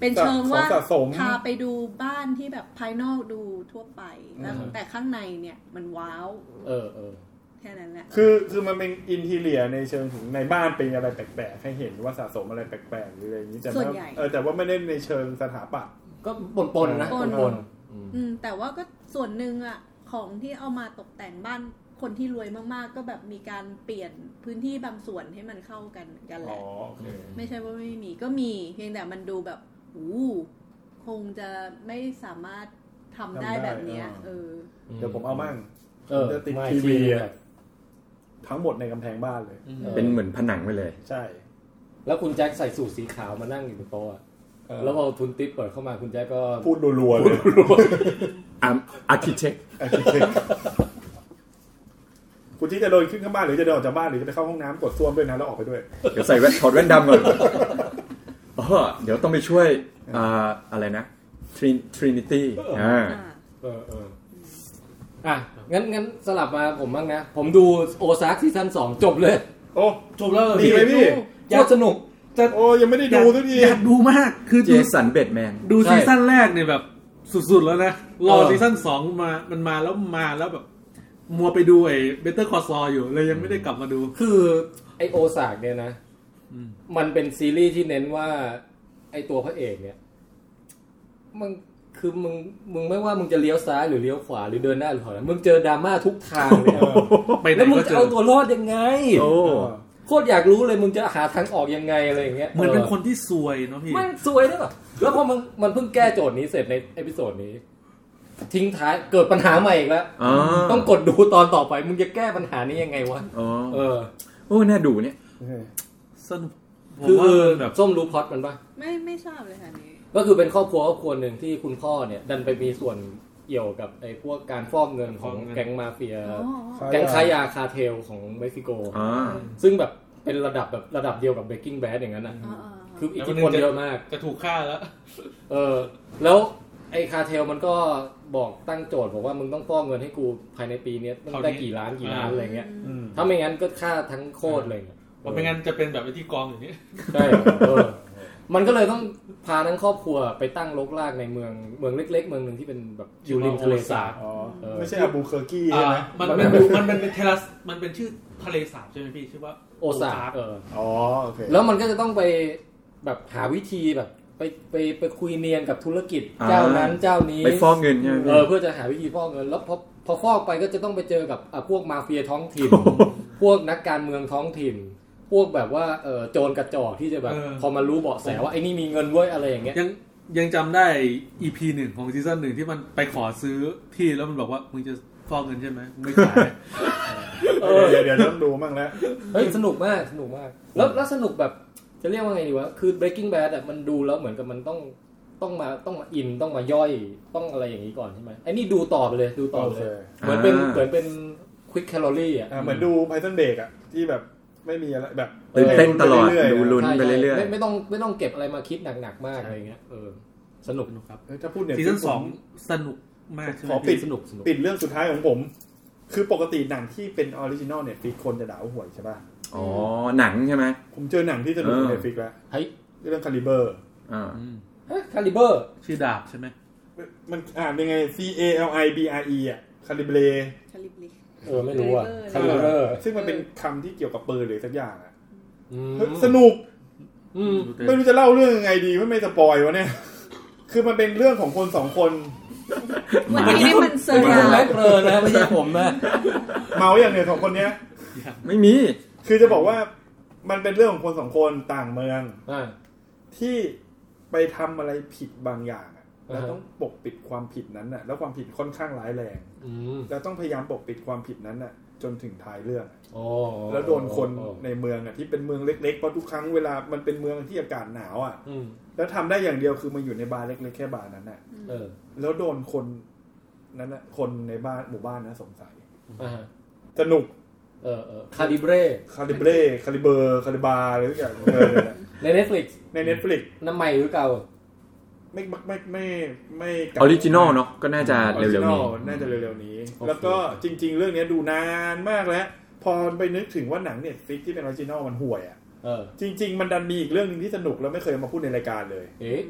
Speaker 5: เป็นเชิงว่า
Speaker 6: ของสะสม
Speaker 5: พาไปดูบ้านที่แบบภายนอกดูทั่วไปแล้วแต่ข้างในเนี่ยมันว้าว
Speaker 3: เออเออ
Speaker 5: แค่นั้นแหละ
Speaker 6: คือคือมันเป็นอินเทียในเชิงถึงในบ้านเป็นอะไรแปลกๆ ให้เห็นว่าสะสมอะไรแปลกๆหรืออะไรอย่างนี้แต่
Speaker 5: ส่ว
Speaker 6: ว่า
Speaker 5: นใหญ่
Speaker 6: เออแต่ว่าไม่ได้ในเชิงสถาปัตย์
Speaker 3: ก็ปนปนๆนะ
Speaker 5: ปน
Speaker 3: ปน
Speaker 5: อืมแต่ว่าก็ส่วนหนึ่งอะของที่เอามาตกแต่งบ้านคนที่รวยมากๆ ก็แบบมีการเปลี่ยนพื้นที่บางส่วนให้มันเข้ากันเหมือนกันแห
Speaker 6: อ๋อ
Speaker 5: ละ
Speaker 6: โอเค
Speaker 5: ไม่ใช่ว่าไม่มีก็มีเพียงแต่มันดูแบบอู้คงจะไม่สามารถทำได้
Speaker 6: ทำได้
Speaker 5: แบบเนี้ย เออ
Speaker 3: ๆ
Speaker 6: เดี๋ยวผมเอามั่ง
Speaker 3: เออ
Speaker 6: จะติด
Speaker 3: ไม่
Speaker 6: ทีวีอะ
Speaker 3: แบบ
Speaker 6: ทั้งหมดในกำแพงบ้านเลย
Speaker 3: ออ
Speaker 4: เป็นเหมือนผนังไปเลย
Speaker 6: ใช่
Speaker 3: แล้วคุณแจ็คใส่สูทสีขาวมานั่งอยู่บนโต๊ะอะ
Speaker 6: เออ
Speaker 3: แล้วพอทุนติปเปิดเข้ามาคุณแจ็คก็
Speaker 6: พูดรัวๆเลย
Speaker 4: อ่ะอาร์คิเทค
Speaker 6: คุณที่จะเดินขึ้นข้างบ้านหรือจะเดินออกจากบ้านหรือจะไปเข้าห้องน้ำกดซ่วมด้วยนะแล้วออกไปด้วย
Speaker 4: เดี๋ยวใส่แว่นถอดแว่นดำก่อนอ๋อเดี๋ยวต้องไปช่วยอ่าอะไรนะทรินิตี้อ่า
Speaker 5: อ่า
Speaker 3: เออเอออ่ะงั้นงั้นสลับมาผมบ้างนะ ผมดูโอซาร์ซีซั่นสองจบเลย
Speaker 6: โอ้
Speaker 2: จบแล้ว
Speaker 6: ดีไหมพี่
Speaker 3: โคตรสนุก
Speaker 6: โอ้ยังไม่ได้ดูสักที
Speaker 2: อยากดูมากคือ
Speaker 4: เจ
Speaker 2: ดู
Speaker 4: สันเบดแมน
Speaker 2: ดู
Speaker 3: ใช่
Speaker 2: ซีซั่นแรกเนี่ยแบบสุดๆแล้วนะ รอ
Speaker 3: เออ
Speaker 2: ซีซั่นสองมามันมาแล้วมาแล้วแบบ มัวไปดูไอ้เบเตอร์คอร์ซออยู่เลยยังไม่ได้กลับมาดู
Speaker 3: คือไอโอซากเนี่ยนะ
Speaker 2: อืม
Speaker 3: มันเป็นซีรีส์ที่เน้นว่า ไอตัวพระเอกเนี่ยมึงคือมึงมึงไม่ว่ามึงจะเลี้ยวซ้ายหรือเลี้ยวขวาหรือเดินหน้าหรือถอยหลังมึงเจอดราม่าทุกทางเลย
Speaker 6: เออ
Speaker 2: ไปไหน
Speaker 3: แล้วมึง
Speaker 2: ก็เจ
Speaker 3: จะ
Speaker 2: อ
Speaker 3: เอาตัวรอดยังไง
Speaker 4: โอ้
Speaker 3: โคตรอยากรู้เลยมึงจะหาทางออกยังไงอะไรอย่างเงี้ย
Speaker 2: เหมือนเป็นคนที่ซวยเนาะพี่
Speaker 3: ไม่ซวยด้วยเหรอแล้วพอมึงมันเพิ่งแก้โจทย์นี้เสร็จในเอพิโซดนี้ ทิ้งท้ายเกิดปัญหาใหม่อีกแล้ว
Speaker 4: อ่า
Speaker 3: ต้องกดดูตอนต่อไป มึงจะแก้ปัญหานี้ยังไงวะ
Speaker 4: อ๋อ
Speaker 3: เออ
Speaker 4: โอ้น่าดูเนี่ย
Speaker 2: สนุกผม
Speaker 3: คือ
Speaker 2: ว่ามันแบบ
Speaker 3: ส้มรู้พล็อตมันปะ
Speaker 5: ไม่ไม่ทราบเลยค่ะอันนี้
Speaker 3: ก็คือเป็นครอบครัวครอบครัวหนึ่งที่คุณพ่อเนี่ย ดันไปมีส่วนเกี่ยวกับไอ้พวกการฟอกเงินของ
Speaker 2: ฟอกเงิน
Speaker 3: แก๊งมาเฟีย
Speaker 5: อ๋อ
Speaker 3: แก๊งค้ายาคาเทลของเม็กซิโก
Speaker 4: อ๋อ
Speaker 3: ซึ่งแบบเป็นระดับแบบระดับเดียวกับเบกกิ้งแบดอย่างนั้นอ่ะ
Speaker 5: อ๋ออ๋อ
Speaker 3: คืออิทธิพลเยอะมาก
Speaker 2: จะถูกฆ่าแล้ว
Speaker 3: เออ แล้วไอ้คาเทลมันก็บอกตั้งโจทย์บอกว่ามึงต้องฟอกเงินให้กูภายในปีเนี้ยต้องได้กี่ล้านกี่ล้านอะไรเงี้ย
Speaker 6: อืม
Speaker 3: ถ้าไม่งั้นก็ฆ่าทั้งโคตรเลยเนี่ย
Speaker 2: มันไม่งั้นจะเป็นแบบไอ้ที่กองอย่างนี้
Speaker 3: ใช่เออมันก็เลยต้องพาทั้งครอบครัวไปตั้งรกรากในเมืองเมืองเล็ก ๆ เมืองหนึ่งที่เป็นแบบอยู่ริมทะเลสาบ
Speaker 6: อ๋อ
Speaker 3: เออ
Speaker 6: ไม่ใช่อาบูเคอร์กี้ใช่ไหม
Speaker 2: มันเป็นมันเป็นเทลัสมันเป็นชื่อทะเลสาบใช่ไหมพี่ชื่อว่า
Speaker 3: โอซาเออ
Speaker 6: อ๋อโอเค
Speaker 3: แล้วมันก็จะต้องไปแบบหาวิธีแบบ ไปไปไปคุยเนียนกับธุรกิจเจ้านั้นเจ้านี้
Speaker 4: ไปฟอกเงินใช่ไหม
Speaker 3: เอ
Speaker 4: พี่
Speaker 3: อเพื่อจะหาวิธีฟอกเงินแล้วพอพอฟอกไปก็จะต้องไปเจอกับอ่ะพวกมาเฟียท้องถิ่น พวกนักการเมืองท้องถิ่น พวกแบบว่าเออโจรกระจอกที่จะแบบ พอมารู้เบาะแสว่าไอ้นี่มีเงินเว้ยอะไรอย่างเงี้ย
Speaker 2: ยังยังจำได้ EP หนึ่งของซีซั่นหนึ่งที่มันไปขอซื้อที่แล้วมันบอกว่ามึงจะฟอกเงินใช่ไหมมึงไม่ขาย
Speaker 3: เออ
Speaker 6: เดี๋ยวเดี๋ยวเดี๋ยวต้องดูบ้างแล้ว
Speaker 3: เฮ้ยสนุกมากสนุกมาก แล้วแล้วสนุกแบบจะเรียกว่าไงดีวะ คือ breaking bad อ่ะมันดูแล้วเหมือนกับมันต้องต้องมาต้องมาอินต้องมาย่อยต้องอะไรอย่างนี้ก่อนใช่ไหมไอ้นี่ดูต่อไปเลยดูต่อไปเลย
Speaker 6: โอเค
Speaker 3: เหมือนเป็น
Speaker 4: อ่า
Speaker 3: เหมือนเป็น quick calorie อ่ะ
Speaker 6: อ่าเหมือนดูไพทันเบรกอะที่แบบไม่มีอะไรแบบ
Speaker 4: ตื่นเต้นตลอด
Speaker 6: เรื่ยๆ
Speaker 4: ดูลุ้น
Speaker 3: ใช่
Speaker 4: ไปเรื่อย
Speaker 3: ใช่ไม่ไม่ต้องไม่ต้องเก็บอะไรมาคิดหนักๆมากอะไรอย่างเงี้ยเออสนุก
Speaker 2: สนุกครับ
Speaker 6: เออถ้าพูดเนี่ย
Speaker 2: ซีซั่นสองสนุกมากใช่ไหม
Speaker 6: ขอปิ
Speaker 2: พี่
Speaker 6: ด
Speaker 3: สนุกสนุก
Speaker 6: ปิดเรื่องสุดท้ายของผม คือปกติหนังที่เป็นออริจินอลเนี่ยฟิกคนจะด่าว่าห่วยใช่ป่ะ
Speaker 4: ๆ อ๋อหนังใช่ไหม
Speaker 6: ผมเจอหนังที่สนุกใน
Speaker 4: เออ
Speaker 6: เนฟิกแล้ว
Speaker 8: เฮ้ย
Speaker 6: เรื่องคาลิเบอร์
Speaker 4: อ่า
Speaker 8: คาลิเบอร์
Speaker 2: ชื่อดาบใช่ไหม
Speaker 6: มันอ่านยังไง C A L I B R E อ่ะคาลิเบร
Speaker 7: คาลิบลิ
Speaker 8: เออไม่รู้อ่ะคาลิเบอ
Speaker 7: Caliber
Speaker 8: ร์
Speaker 6: ซึ่งมันเป็นคำที่เกี่ยวกับปืนหรือสักอย่างอ่ะ
Speaker 8: อืม
Speaker 6: เฮ้ยสนุก
Speaker 8: อืม
Speaker 2: ดูเต็ม
Speaker 6: ไม่รู้จะเล่าเรื่องยังไงดีว่าไม่สปอยวะเนี่ย คือมันเป็นเรื่องของคนสองคน
Speaker 7: วันนี้ให้มันเซอร์
Speaker 8: คุณแม็
Speaker 7: ไพร
Speaker 8: ก
Speaker 7: ส์
Speaker 8: เลอนะไม่ใช่ผมนะ
Speaker 6: เมาอย่างเนี่ยสองคนเนี้ย
Speaker 4: ไม่มี
Speaker 6: คือจะบอกว่ามันเป็นเรื่องของคนสองคนต่างเมือง
Speaker 8: อ่า
Speaker 6: ที่ไปทำอะไรผิดบางอย่างอะแล้ว
Speaker 8: อ่าฮะ
Speaker 6: ต้องปกปิดความผิดนั้นน่ะ แล้วความผิดค่อนข้างร้ายแรง
Speaker 8: อืม
Speaker 6: แล้วต้องพยายามปกปิดความผิดนั้นน่ะ จนถึงท้ายเรื่องอะ
Speaker 8: โอ้
Speaker 6: แล้วโดนคน
Speaker 8: โอ้
Speaker 6: ในเมืองอ่ะที่เป็นเมืองเล็กๆเพราะทุกครั้งเวลามันเป็นเมืองที่อากาศหนาวอ่ะ
Speaker 8: อืม
Speaker 6: แล้วทำได้อย่างเดียวคือมาอยู่ในบาร์เล็กๆแค่บาร์นั้นน่ะ
Speaker 8: เออ
Speaker 6: แล้วโดนคนนั้นน่ะคนในบ้านหมู่บ้านนะสงสัย
Speaker 8: อ่าฮะ
Speaker 6: สนุก
Speaker 8: เออเออคาลิเบร
Speaker 6: คาลิเบรคาลิเบอร์คาลิบาร์อะไรทุกอย่างเออ
Speaker 8: ใน Netflix
Speaker 6: ในเน็ตฟลิก
Speaker 8: น้ำใหม่หรือเก่า
Speaker 6: ไม่ไม่ไม่ไม่ไม่
Speaker 4: ออริจินอลเนาะก็น่าจะ
Speaker 6: ออริ
Speaker 4: เร็
Speaker 6: จิ
Speaker 4: วน ๆนี้
Speaker 6: อลน่าจะเร็วๆนี้
Speaker 8: โอเค
Speaker 6: แล้วก็จริง ๆ เรื่องเนี้ยดูนานมากแล้ว พอไปนึกถึงว่าหนังเน็ตฟิกที่เป็นออริจินอลมันห่วยอ่ะ
Speaker 8: เออ
Speaker 6: จริง ๆ มันดันมีอีกเรื่องหนึงที่สนุกแล้วไม่เคยมาพูดในรายการเลย
Speaker 8: เอ๊ะ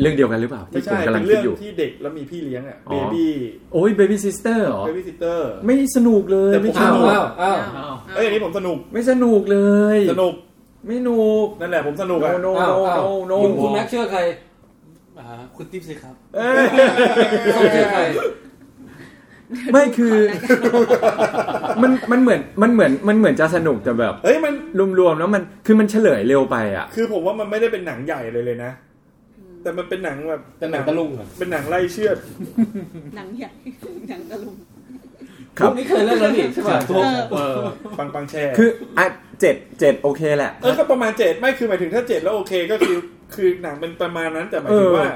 Speaker 4: เรื่องเดียวกันหรือเปล่า
Speaker 6: ไม่
Speaker 4: ที่คุ
Speaker 6: ใช่
Speaker 4: ณกำลั
Speaker 6: เป็
Speaker 4: ง
Speaker 6: น
Speaker 4: คิ
Speaker 6: เรื่
Speaker 4: ด
Speaker 6: อง
Speaker 4: อยู่
Speaker 6: ที่เด็กแล้วมีพี่เลี้ยงอ่ะ
Speaker 4: อ๋
Speaker 6: เบ
Speaker 4: อ
Speaker 6: บี้
Speaker 4: โอ้ยเบบี้ซิสเตอร์หรอ
Speaker 6: เบบี้ซิเตอร์
Speaker 4: ไม่สนุกเลย
Speaker 6: แต่ผม
Speaker 4: ไม่ส
Speaker 8: อ้าว
Speaker 4: นุก
Speaker 8: อ้าวอ้าว
Speaker 2: อ้าว
Speaker 6: เอ้ยอันนี้ผมสนุก
Speaker 4: ไม่สนุกเลย
Speaker 6: สนุก
Speaker 4: ไม่สนุก
Speaker 6: นั่นแหละผมสนุก
Speaker 4: no
Speaker 6: อ่ะ
Speaker 4: no
Speaker 8: อ้าว
Speaker 4: no
Speaker 8: อ้าว
Speaker 4: no no
Speaker 8: คุณคุณแม็กเชื่อใคร
Speaker 2: อ่าคุณติ๊บสิครับ
Speaker 4: เอ้ย
Speaker 8: เขาเชื่อใคร
Speaker 4: ไม่คือ มันมันเหมือนมันเหมือนมันเหมือนจะสนุกแต่แบบ
Speaker 6: เฮ้ยมัน
Speaker 4: รวมๆแล้วมันคือมันเฉลยเร็วไปอ่ะ
Speaker 6: คือผมว่ามันไม่ได้เป็นหนังใหญ่เลยเลยนะ แต่มันเป็นหนังแบบ
Speaker 8: เป็นหนังตะลุงเหรอ
Speaker 6: เป็นหนังไล่เชือด
Speaker 7: หนังให ญ่หนังตะลุง
Speaker 4: ครับ
Speaker 8: พวกนี้เคยเล่นแล้วนี่ใช่ป่ะ
Speaker 2: เออ
Speaker 8: เออ
Speaker 6: ปังปังแช่
Speaker 4: คืออ่ะเจ็ดเจ็ดโอเคแหละ
Speaker 6: เออก็ประมาณเจ็ดไม่คือหมายถึงถ้าเจ็ดแล้วโอเคก็คือ คือหนังมันประมาณนั้นแต่หมายถึง
Speaker 4: เออ
Speaker 6: ว่า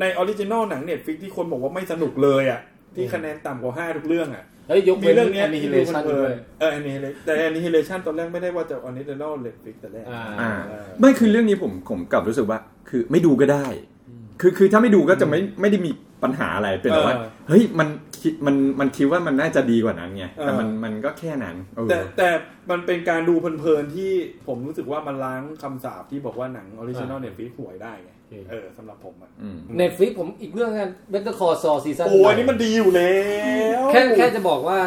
Speaker 6: ในออริจินอลหนังเน็ตฟิกที่คนบอกว่าไม่สนุกเลยอ่ะ ที่คะแนนต่ำกว่าห้าทุกเรื่องอ่ะ
Speaker 8: เฮ้ยยก
Speaker 6: มี
Speaker 8: เว้น
Speaker 6: เรื่องเนี้ย
Speaker 8: แอนิ
Speaker 6: ที่
Speaker 8: เล
Speaker 6: ดู
Speaker 8: ชัน
Speaker 6: เพลิ
Speaker 8: ด้วน ย
Speaker 6: ๆเออแอนิเฮเลแต่แอนิเฮเลชันตอนแรกไม่ได้ว่าจะออริจินอลเน็ตฟิกแต่แรก
Speaker 8: อ่า
Speaker 4: อ่าไม่คือเรื่องนี้ผมผมกลับรู้สึกว่า คือไม่ดูก็ได้ คือคือถ้าไม่ดูก็จะไม่ไม่ได้มีปัญหาอะไรเป็นแต่ว่าเฮ้ยมันคิดมันมันคิดว่ามันน่าจะดีกว่านั้นไงแต่มันมันก็แค่นั้นเออ
Speaker 6: แต่แต่มันเป็นการดูเพลินๆที่ผมรู้สึกว่ามันล้างคำสาปที่บอกว่าหนังออริจินอล
Speaker 8: อ่า
Speaker 6: เน็ตฟิกห่วยได้ไง
Speaker 8: โอเค
Speaker 6: เออสำหรับผมอ่ะ
Speaker 4: อืม
Speaker 8: เน็ตฟลิกผมอีกเรื่องกันเบนเตอร์คอร์ซอซีซั่น
Speaker 6: โอ้ยอันนี่มันดีอยู่แล้ว
Speaker 8: แค่แค่จะบอกว่า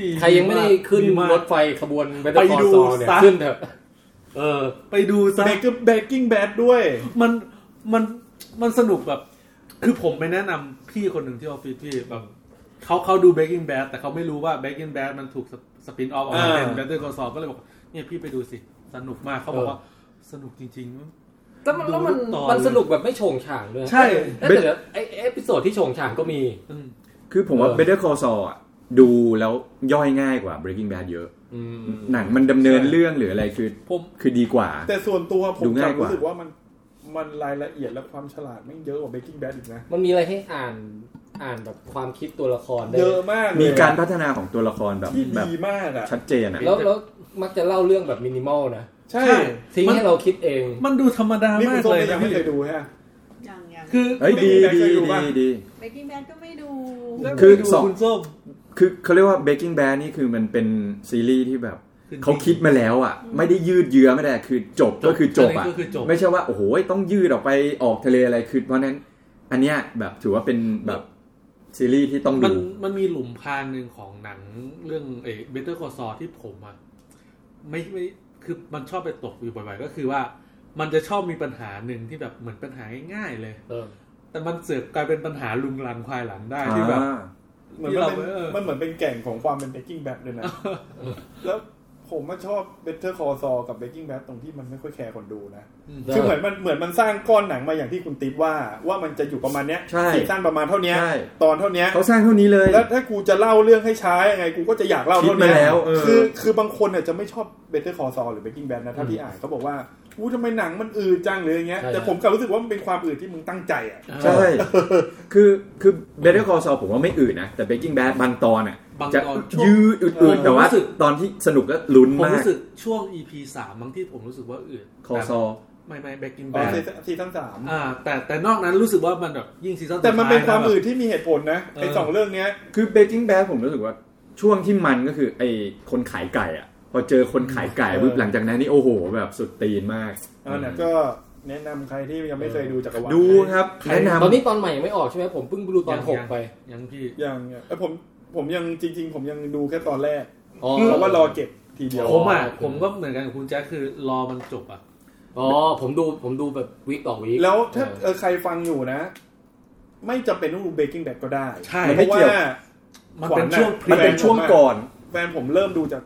Speaker 2: ดี
Speaker 8: ใครยังไม่ได้ขึ้น
Speaker 2: าก
Speaker 8: รถไฟขบวนเบนเตอร์คอ
Speaker 2: ไปดู
Speaker 8: ร์ซอเนี่ย
Speaker 2: ซะ
Speaker 8: ขึ้นเถอะ
Speaker 2: เออ ไปดูซะ
Speaker 6: เบเกอร์เบกกิ้งแบดด้วย
Speaker 2: มันมันมันสนุกแบบ คือผมไปแนะนำพี่คนหนึ่งที่ออฟฟิศพี่แบบเขาเขาดู Breaking Bad แต่เขาไม่รู้ว่า Breaking Bad มันถูกสปินออฟออกมาเป็น
Speaker 6: อ่า
Speaker 2: Better Call Saul ก็เลยบอก เนี่ยพี่ไปดูสิ สนุกมากเขาบอกว่าสนุกจริง
Speaker 8: แล้วมันแล้วมัน
Speaker 2: ดูต่อ
Speaker 8: มันสนุกแบบไม่โฉงฉางด้วย
Speaker 2: ๆ ใช่
Speaker 8: เอ้ยแต่เดี๋ยวไอเอพิโซดที่โฉงฉางก็มี
Speaker 2: อืม
Speaker 4: คือผมว่า
Speaker 8: เออ
Speaker 4: Better Call Saul อะดูแล้วย่อยง่ายกว่า Breaking Bad เยอะ
Speaker 8: อืม
Speaker 4: หนังมันดำเนินเรื่องหรืออะไรคือ
Speaker 2: ผม
Speaker 4: คือดีกว่า
Speaker 6: แต่ส่วนตัวผม
Speaker 4: ดู
Speaker 6: กลั
Speaker 4: ง่าย
Speaker 6: บ
Speaker 4: กว่า
Speaker 6: รู้สึกว่ามันมันรายละเอียดและความฉลาดไม่งเยอะกว่าเบ k กิ้งแบดอีกนะ
Speaker 8: มันมีอะไรให้อ่านอ่านแบบความคิดตัวละครได้
Speaker 6: เยอะมากเลย
Speaker 4: มีการพัฒนาของตัวละครแบบ
Speaker 6: ที่
Speaker 4: แบบ
Speaker 6: ดีมากอ่ะ
Speaker 4: ชัดเจนอ่ะ
Speaker 8: แล้วแล้วมักจะเล่าเรื่องแบบมินิมอลนะ
Speaker 6: ใช่
Speaker 8: ทิ้งให้เราคิดเอง
Speaker 2: มันดูธรรมดา
Speaker 6: นี่
Speaker 2: มา
Speaker 6: คุณ
Speaker 2: ก
Speaker 6: ส้ม
Speaker 2: เลย
Speaker 6: ก็ยั
Speaker 2: นะ
Speaker 6: งไม่
Speaker 2: พี่
Speaker 6: เคยดูฮะ
Speaker 7: อย่างอย่าง
Speaker 2: คือ
Speaker 4: เฮ้ยดีดีดีดี
Speaker 7: เบกกิ้งแบดก็ไม่ดู
Speaker 4: คือ
Speaker 2: ดู
Speaker 4: สอง
Speaker 2: คุณส้ม
Speaker 4: คือเขาเรียกว่า Breaking Bad นี่คือมันเป็นซีรีส์ที่แบบ
Speaker 2: คือ
Speaker 4: เขาคิดมาแล้วอ่ะ ไม่ได้ยืดเยื้อไม่ได้คือจบก็คือจบอ่ะ
Speaker 2: อันนี้ก็คือจบ
Speaker 4: ไม่ใช่ว่า โอ้โหต้องยืดออกไปออกทะเลอะไรคือเพราะฉะนั้น อันเนี้ยแบบถือว่าเป็นแบบซีรีส์ที่ต้อง
Speaker 2: มัน
Speaker 4: ดู
Speaker 2: มันมีหลุมพรางหนึ่งของหนังเรื่องเอเบเตอร์คอซอที่ผมอะไม่ไม่คือมันชอบไปตกอยู่บ่อยๆ ก็คือว่า มันจะชอบมีปัญหาหนึ่งที่แบบเหมือนปัญหาง่ายๆเลย
Speaker 8: เออ
Speaker 2: แต่มันเสือกกลายเป็นปัญหาลุงลังภายหลังได้ที่แบบ
Speaker 4: อ่า
Speaker 6: เหมือน
Speaker 2: ที่
Speaker 6: มัน
Speaker 2: เรา
Speaker 6: เป็น
Speaker 2: เออ
Speaker 6: มันเหมือนเป็นแก่นของความเป็นเบ k กิ้งแบดเลยนะ แล้วผมมาชอบเบ t เ e อร์คอ l ซอกับเบ k กิ้งแบดตรงที่มันไม่ค่อยแคร์คนดูนะ คือเหมือนมันเหมือนมันสร้างก้อนหนังมาอย่างที่คุณติ๊บว่า ว่ามันจะอยู่ประมาณเนี้ย
Speaker 4: ใช่
Speaker 6: ซีซั่นประมาณเท่าเนี้ย
Speaker 4: ใช่
Speaker 6: ตอนเท่าเนี้ย
Speaker 4: เขาสร้างเท่านี้เลย
Speaker 6: แล้วถ้ากูจะเล่าเรื่องให้ช้ายังไง กูก็จะอยากเล่า
Speaker 4: คิด
Speaker 6: เท่านี้
Speaker 4: มาแล้วเออ
Speaker 6: คือคือบางคนอาจจะไม่ชอบ Better Call Saul หรือ Breaking Bad นะถ้าพี่อ่านเขาบอกว่าอู้ทำไมหนังมันอืดจังหรืออย่างเงี้ย
Speaker 8: ใช่
Speaker 6: แต่ผมกลับรู้สึกว่ามันเป็นความอืดที่มึงตั้งใจอ่ะ
Speaker 4: ใช่ คือคือ Better Call Saul ผมว่าไม่อื่นนะ แต่ Breaking Bad บางตอนอ่ะ
Speaker 2: บาง
Speaker 4: จะ
Speaker 2: ตอนช่วง
Speaker 4: ยืดอืดๆแต่ว่า
Speaker 2: ผมรู้สึก
Speaker 4: ตอนที่สนุกก็ลุ้น
Speaker 2: ผม
Speaker 4: มาก
Speaker 2: รู้สึกช่วง EP สามบางที่ผมรู้สึกว่าอื่น
Speaker 4: คอซอ
Speaker 2: ไม่ไม่แบกิน
Speaker 6: อ๋
Speaker 2: แบ
Speaker 6: อ
Speaker 2: ด
Speaker 6: ซีซั่นซีซั่นสาม
Speaker 2: อ่า แต่แต่นอกนั้นรู้สึกว่ามันแบบยิ่งซีซั่น
Speaker 6: แต่มันเป็น
Speaker 2: สุด
Speaker 6: ค
Speaker 2: ท้
Speaker 6: วาม
Speaker 2: ยะ
Speaker 6: อืดที่มีเหตุผลนะไอ้
Speaker 2: เออ
Speaker 6: สองเรื่องเนี้ย
Speaker 4: คือ Breaking Bad ผมรู้สึกว่าช่วงที่มันก็คือไอคนขายไก่อ่ะ ผ อเจอคนขายไก่ปุ๊บหลังจากนั้นนี่โอ้โห แบบสุดตีนมาก
Speaker 6: อันนั้นก็แนะนำใครที่ยังไม่เคยดูจักรวาล
Speaker 4: ดูครับแนะนำ
Speaker 3: ตอนนี้ตอนใหม่ยังไม่ออกใช่ไหมผมเพิ่งดูตอน
Speaker 2: ยัง
Speaker 3: หกไป
Speaker 2: ยังพี่
Speaker 6: ยังเนี่ยเอ้ยผมผมยังจริง ๆ ผมยังดูแค่ตอนแรก
Speaker 3: อ๋อ
Speaker 6: เพราะว่ารอเก็บทีเดียว
Speaker 2: ผมอ่ะผมก็เหมือนกันกับคุณแจ็คคือรอมันจบอ่ะ
Speaker 3: อ๋อผมดูผมดูแบบวีคต่อวีค
Speaker 6: แล้วถ้าเออใครฟังอยู่นะ ไม่จำเป็นต้องดู Breaking Bad ก็ได้
Speaker 2: ใช่
Speaker 6: เพราะว่า
Speaker 2: มันเป็นช่วง
Speaker 6: ข
Speaker 2: พรี
Speaker 6: วั
Speaker 4: มัน
Speaker 6: ญะ
Speaker 4: เป็นช่วงก่อน
Speaker 6: แฟนผมเริ่มดูจาก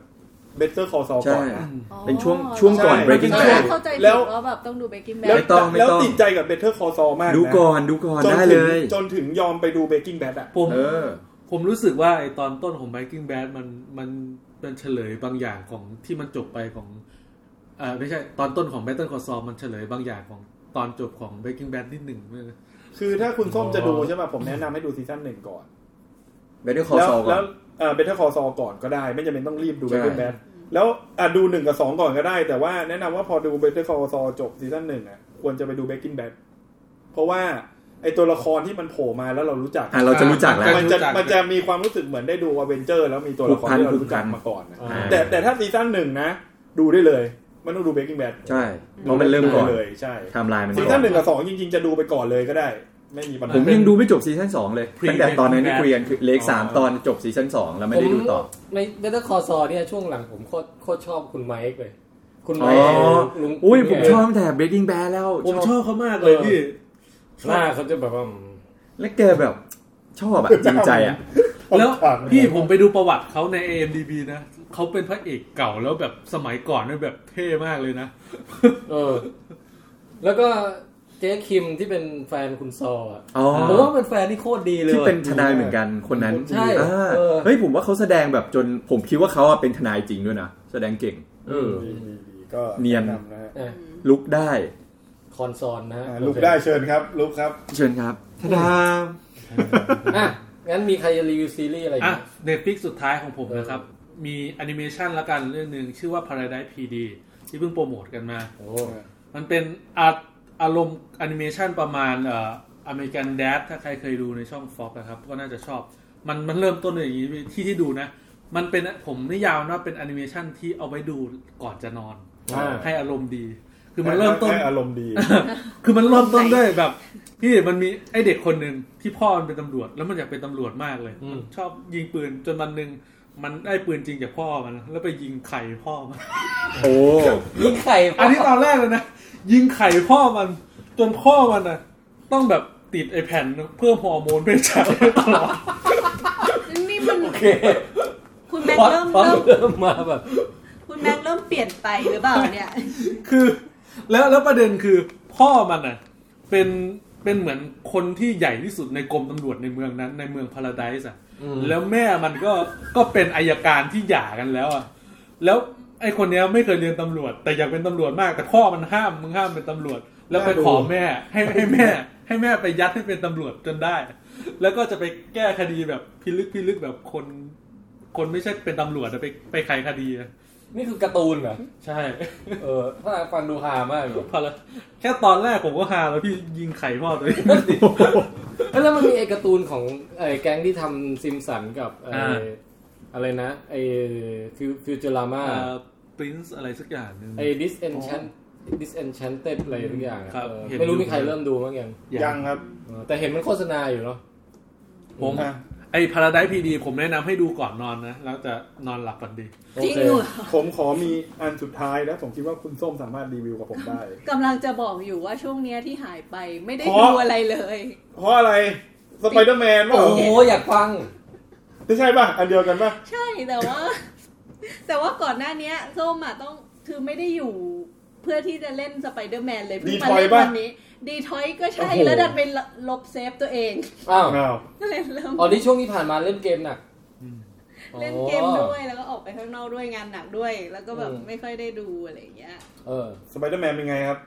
Speaker 6: Better Call Saul ก่
Speaker 4: ใช่
Speaker 6: อน
Speaker 4: เป็นช่วงช่วงก่อน
Speaker 6: ใช่
Speaker 4: breaking
Speaker 6: ใช่
Speaker 4: bad
Speaker 5: เข้าใจผิ
Speaker 6: แล้ว
Speaker 5: ดว่าแบบต้องดูเบกกิ้งแบ
Speaker 4: ล้ว
Speaker 5: ด
Speaker 4: ไม่ต้องไม่
Speaker 6: แล้ว
Speaker 4: ต้อง
Speaker 6: ติดใจกับ Better Call Saul มากะ
Speaker 4: ดูก่อนดูก่อน
Speaker 6: จน
Speaker 4: ได้
Speaker 6: ถึ
Speaker 4: เล
Speaker 6: ง
Speaker 4: ย
Speaker 6: จนถึงยอมไปดู Breaking Bad อ่ะ
Speaker 2: ผม
Speaker 4: เออ
Speaker 2: ผมรู้สึกว่าไอตอนต้นของ Breaking Bad มันมันมันเฉลยบางอย่างของที่มันจบไปของเอ่อไม่ใช่ตอนต้นของ Battle c o s a u l มันเฉลยบางอย่างของตอนจบของ Breaking Bad นิดหนึ่งเลยนะ
Speaker 6: คือถ้าคุณส้มจะดูใช่ป่ะผมแนะนำให้ดูซีซั่นหนึ่งก่อน
Speaker 4: better call
Speaker 6: แล้ว
Speaker 4: saul ก่
Speaker 6: แล้
Speaker 4: อ
Speaker 6: วน เอ่อ Better Call Saul ก่อนก็ได้ ไม่จำเป็นต้องรีบดู
Speaker 4: ใช่
Speaker 6: Breaking Bad แล้วอ่ะดูหนึ่งกับสองก่อนก็ได้ แต่ว่าแนะนำว่าพอดู Better Call Saul จบซีซั่นหนึ่งอ่ะควรจะไปดู Breaking Bad เพราะว่าไอตัวละครที่มันโผล่มาแล้วเรารู้จัก
Speaker 4: อ่ะเราจะรู้จักแล้ว
Speaker 6: มันจะมันจะมีความรู้สึกเหมือนได้ดูอเวนเจอร์แล้วมีตัวละครที่เรารู้จักมาก่อนนะ
Speaker 3: อ่า
Speaker 6: แต่แต่ถ้าซีซั่นหนึ่งนะ ดูได้เลยไม่ต้องดูเบรกิ้งแบด
Speaker 4: ใช่เพราะมันเริ่มก่อน
Speaker 6: เลยใช่
Speaker 4: ไทม์ไลน์มัน
Speaker 6: ซี
Speaker 4: ก่อน
Speaker 6: ซั่นหนึ่งกับสองจริง ๆ จะดูไปก่อนเลยก็ได้ ไม่มีปัญหา
Speaker 4: ผมยังดูไม่จบซีซั่นสองเลยตั้งแต่ตอนนั้นที่คุยกันคือเลขสามตอนจบซีซั่นสองแล้วไม่ได้ดูต่อ
Speaker 3: ในเบตเตอร์คอซอเนี่ยช่วงหลังผมโคตรโคตรชอบคุณไมค์เลย คุณไม
Speaker 4: อ๋อ
Speaker 3: ค์ลุง
Speaker 4: อุ้ยผม
Speaker 3: เนี่ย
Speaker 4: ชอบตั้งแต่ breaking bad แล้ว
Speaker 2: ผม
Speaker 4: ช
Speaker 2: ช
Speaker 4: อบ
Speaker 2: อบเขามากเลยพี่
Speaker 3: หน้าเขาจะแบบว่า
Speaker 4: และแกแบบชอบอะจริงใจอะ
Speaker 2: แล้วพี่ผมไปดูประวัติเขาใน AMDB นะเขาเป็นพระเอกเก่าแล้วแบบสมัยก่อนเนี่ยแบบเท่มากเลยนะ
Speaker 3: เออ แล้วก็เจ๊คิมที่เป็นแฟนคุณซออะ
Speaker 4: อ๋อ
Speaker 3: ผมว่าเป็นแฟนที่โคตรดีเลย
Speaker 4: ที่เป็นทนายเหมือนกันคนนั้น
Speaker 3: ใช่
Speaker 4: อ่า
Speaker 3: เออ
Speaker 4: เฮ้ยผมว่าเขาแสดงแบบจนผมคิดว่าเขาอะเป็นทนายจริงด้วยนะ แสดงเก่ง เออ
Speaker 6: ดีดีดีก็
Speaker 4: เนียน
Speaker 6: แะำะฮะ
Speaker 3: อ่ะ
Speaker 4: ลุกได้
Speaker 3: คอนซอนนะฮะ
Speaker 6: อ่าลุกได้เชิญครับลุกครับ
Speaker 4: เชิญครับทนาย
Speaker 3: อ่ะงั้นมีใครจะรีวิวซีรีส์อะไรอีก
Speaker 2: อ่ะ
Speaker 3: ไหม
Speaker 2: เน t f ิกสุดท้ายของผมนะครับ มีแอนิเมชันละกันเรื่องหนึ่งชื่อว่า Paradise PD ที่เพิ่งโปรโมทกันมา
Speaker 3: โอ้
Speaker 2: มันเป็นอาอารมณ์แอนิเมชันประมาณเอ่ออเมริกันแดดถ้าใครเคยดูในช่องฟ็อกนะครับ ก็น่าจะชอบ มันมันเริ่มต้นอย่างนี้ที่ที่ดูนะ มันเป็นผมนิยามว่าเป็นแอนิเมชันที่เอาไว้ดูก่อนจะนอน
Speaker 3: อ่า
Speaker 2: ให้อารมณ์ดี คือมันเริ่มต้น
Speaker 6: ให้อารมณ์ดี
Speaker 2: คือมันเริ่มต้นด้วยแบบ พี่มันมีไอเด็กคนหนึ่งที่พ่อมันเป็นตำรวจแล้วมันอยากเป็นตำรวจมากเลย
Speaker 3: อืม
Speaker 2: ชอบยิงปืนจนวันหนึ่งมันได้ปืนจริงจากพ่อมัน แล้วไปยิงไข่พ่อมัน
Speaker 4: โอ้
Speaker 3: ยิงไข่
Speaker 2: อันนี้ตอนแรกเลยนะยิงไข่พ่อมัน จนพ่อมันอ่ะ ต้องแบบติดไอแผ่นเพิ่มฮอร์โมนเพศชายตลอด
Speaker 5: นี่มัน
Speaker 3: โอเค
Speaker 5: คุณแม็ก
Speaker 3: พอ
Speaker 5: เริ่ม
Speaker 3: พอ
Speaker 5: เริ่ม
Speaker 3: เริ่มมาแบบ
Speaker 5: คุณแม็กเริ่มเปลี่ยนไปหรือเปล่าเนี่ย
Speaker 2: คือ แล้วแล้วประเด็นคือพ่อมันอ่ะ เป็นเป็นเหมือนคนที่ใหญ่ที่สุดในกรมตำรวจในเมืองนั้น ในเมืองพาราไดส์อ่ะ
Speaker 3: อืม
Speaker 2: แล้วแม่มันก็ก็เป็นอายการที่หย่ากันแล้วอ่ะ แล้วไอคนเนี้ยไม่เคยเรียนตำรวจ แต่อยากเป็นตำรวจมาก แต่พ่อมันห้ามมึงห้ามเป็นตำรวจ แล้วไปขอแม่ให้ให้แม่ ให้แม่ไปยัดให้เป็นตำรวจจนได้ แล้วก็จะไปแก้คดีแบบพิลึกพิลึกแบบคน คนไม่ใช่เป็นตำรวจแต่ไปไปไขคดีอะ
Speaker 3: นี่คือการ์ตูนเหรอ
Speaker 2: ใช่
Speaker 3: เออ ถ้าฟังดูฮามากเลย
Speaker 2: พอละแค่ตอนแรกผมก็ฮาแล้วพี่ยิงไข่พ่อตัวเอง
Speaker 3: เอ้ยแล้วมันมีไอ้การ์ตูนของไอ้แก๊งที่ทำซิมสันกับไอ้
Speaker 2: อ่า
Speaker 3: อะไรนะ ไอ้ฟิวฟิวเจอรามา
Speaker 2: ปรินซ์อะไรสักอย่างหนึง
Speaker 3: ไอ้ disenchant disenchanted อะไรทุกอย่างอะ
Speaker 2: ครับ
Speaker 3: เออ
Speaker 2: เห็น
Speaker 3: ไม่รู้
Speaker 2: อยู่
Speaker 3: มีใครเริ่มดูบ้างยัง
Speaker 6: ยังครับ
Speaker 3: เออแต่เห็นมันโฆษณาอยู่เนาะ
Speaker 2: ผม
Speaker 6: อ่ะ
Speaker 2: ไอพาราไดพีดีผมแนะนำให้ดูก่อนนอนนะ แล้วจะนอนหลับฝันดี
Speaker 5: จริงอยู่
Speaker 3: โอเค
Speaker 6: ผมขอมีอันสุดท้ายนะผมคิดว่าคุณส้มสามารถรีวิวกับผม ได้
Speaker 5: กำลังจะบอกอยู่ว่าช่วงเนี้ยที่หายไปไม่ได้
Speaker 6: ขอ
Speaker 5: ดูอะไรเลย
Speaker 6: เพราะอะไรสไปเดอร์แมนป่ะ
Speaker 3: โอ้โห อยากฟัง
Speaker 6: ไม่ใช่ป่ะอันเดียวกันป่ะ
Speaker 5: ใช่แต่ว่า แต่ว่าก่อนหน้าเนี้ยส้มอ่ะต้องคือไม่ได้อยู่เพื่อที่จะเล่นสไปเดอร์แมนเลยเพิ่งมาเล่น
Speaker 6: Detroit ปะ
Speaker 5: วันนี้ดีทอยก็ใช่
Speaker 6: โอ้โห
Speaker 5: แล้วดันไปลบเซฟตัวเอง
Speaker 3: อ้าว
Speaker 6: อ้าว
Speaker 5: ก็เลยเริ่ม
Speaker 3: อ๋อนี่ช่วงที่ผ่านมาเล่นเกมหนัก
Speaker 5: เล่นเกม
Speaker 3: อ๋อ
Speaker 5: ด้วยแล้วก็ออกไปข้างนอกด้วยงานหนักด้วย แล้วก็แบบ
Speaker 3: อืม
Speaker 5: ไม่ค่อยได้ดูอะไรอย่างเงี้ย
Speaker 3: เออ
Speaker 6: สไปเดอร์แมนเป็นไงครับ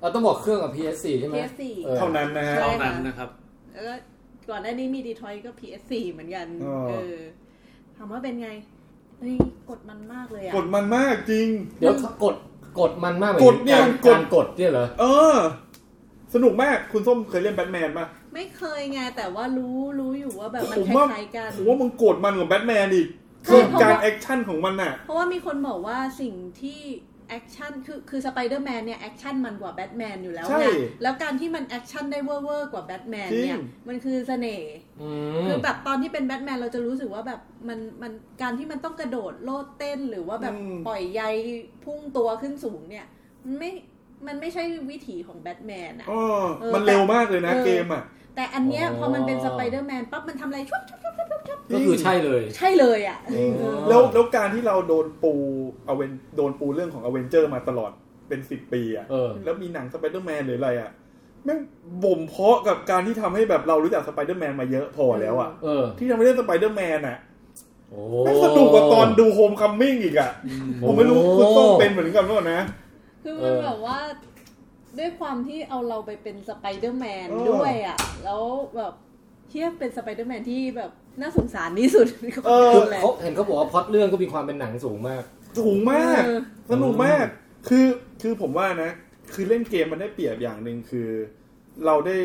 Speaker 3: เราต้องบอกเครื่องกับ PS4 ใช่ไหม
Speaker 5: PS4
Speaker 3: ออ
Speaker 6: เท่านั้นนะฮะ
Speaker 5: ใช่
Speaker 2: เท่านั้นนะครับ
Speaker 5: แล้วก็ก่อนหน้านี้มีดีทอยก็ PS4 เหมือนกัน
Speaker 6: อ๋อ
Speaker 5: เออถามว่าเป็นไงเฮ้ยกดมันมากเลยอ่ะ
Speaker 6: กดมันมากจริง
Speaker 3: เดี๋ยวกดกดมันมากไหม
Speaker 6: กดเนี่ย
Speaker 3: การ
Speaker 6: กด
Speaker 3: การกดเนี่ยเหรอ
Speaker 6: เออ สนุกมากคุณส้มเคยเล่นแบทแมนป่ะ
Speaker 5: ไม่เคยไงแต่ว่ารู้รู้อยู่ว่าแบบมัน
Speaker 6: ผม
Speaker 5: ค
Speaker 6: ว่า
Speaker 5: ล้ายๆกัน
Speaker 6: ผมว่ามึงโกรธมันกับแบทแมนอีก คือการแอคชั่นของมันน่ะ
Speaker 5: เพราะว่ามีคนบอกว่าสิ่งที่แอคชั่นคือคือสไปเดอร์แมนเนี่ยแอคชั่นมันกว่าแบทแมนอยู่แล้ว
Speaker 6: ใช่
Speaker 5: ไงแล้วการที่มันแอคชั่นได้เวอร์เวอร์กว่าแบทแมนเนี่
Speaker 6: จ
Speaker 5: ย
Speaker 6: ริง
Speaker 5: มันคือเสน่ห์
Speaker 3: อืม
Speaker 5: คือแบบตอนที่เป็นแบทแมนเราจะรู้สึกว่าแบบมันมันการที่มันต้องกระโดดโลดเต้นหรือว่าแบบ
Speaker 6: อืม
Speaker 5: ปล่อยใยพุ่งตัวขึ้นสูงเนี่ยมันไม่มันไม่ใช่วิถีของแบทแมนอะ
Speaker 6: เออ
Speaker 5: เออ
Speaker 6: มันเร็วมากเลยนะ
Speaker 5: เออ
Speaker 6: เกมอ่ะ
Speaker 5: แต่อันเนี้ยพอมันเป็นสไปเดอร์แมนปั๊บมันทำอะไรชุบชุบชุบชุบชุบชุบ
Speaker 3: ก็คือใช่เลย
Speaker 5: ใช่เลยอ่ะ
Speaker 6: จริงแล้วแล้วการที่เราโดนปูอเวนโดนปูเรื่องของอเวนเจอร์มาตลอดเป็นสิบปีอ่ะ
Speaker 3: เออ
Speaker 6: แล้วมีหนังสไปเดอร์แมนหรืออะไรอ่ะแม่งบ่มเพาะกับการที่ทำให้แบบเรารู้จักสไปเดอร์แมนมาเยอะพอแล้วอ่ะ
Speaker 3: เออ
Speaker 6: ที่ทำให้เล่นสไปเดอร์แมนอ่ะ
Speaker 3: โอ้
Speaker 6: แม่งสนุกกว่าตอนดูโฮมคัมมิ่งอีกอ่ะ ผมไม่รู้คุณต้องเป็นเหมือนกันหรือเปล่านะ
Speaker 5: คือมันแบบว่าด้วยความที่เอาเราไปเป็นสไปเดอร์แมน
Speaker 6: เออ
Speaker 5: ด้วยอ่ะ แล้วแบบเทียบเป็นสไปเดอร์แมนที่แบบน่าสงสารที่สุดในคน
Speaker 3: คื
Speaker 5: ดู
Speaker 3: อ
Speaker 5: แล
Speaker 3: เขาเห็นเขาบอกว่าพล็อตเรื่องก็มีความเป็นหนังสูงมาก
Speaker 6: สูงมาก
Speaker 5: เออ
Speaker 6: สนุกมาก คือ คือผมว่านะ คือเล่นเกมมันได้เปรียบอย่างหนึ่งคือ เราได้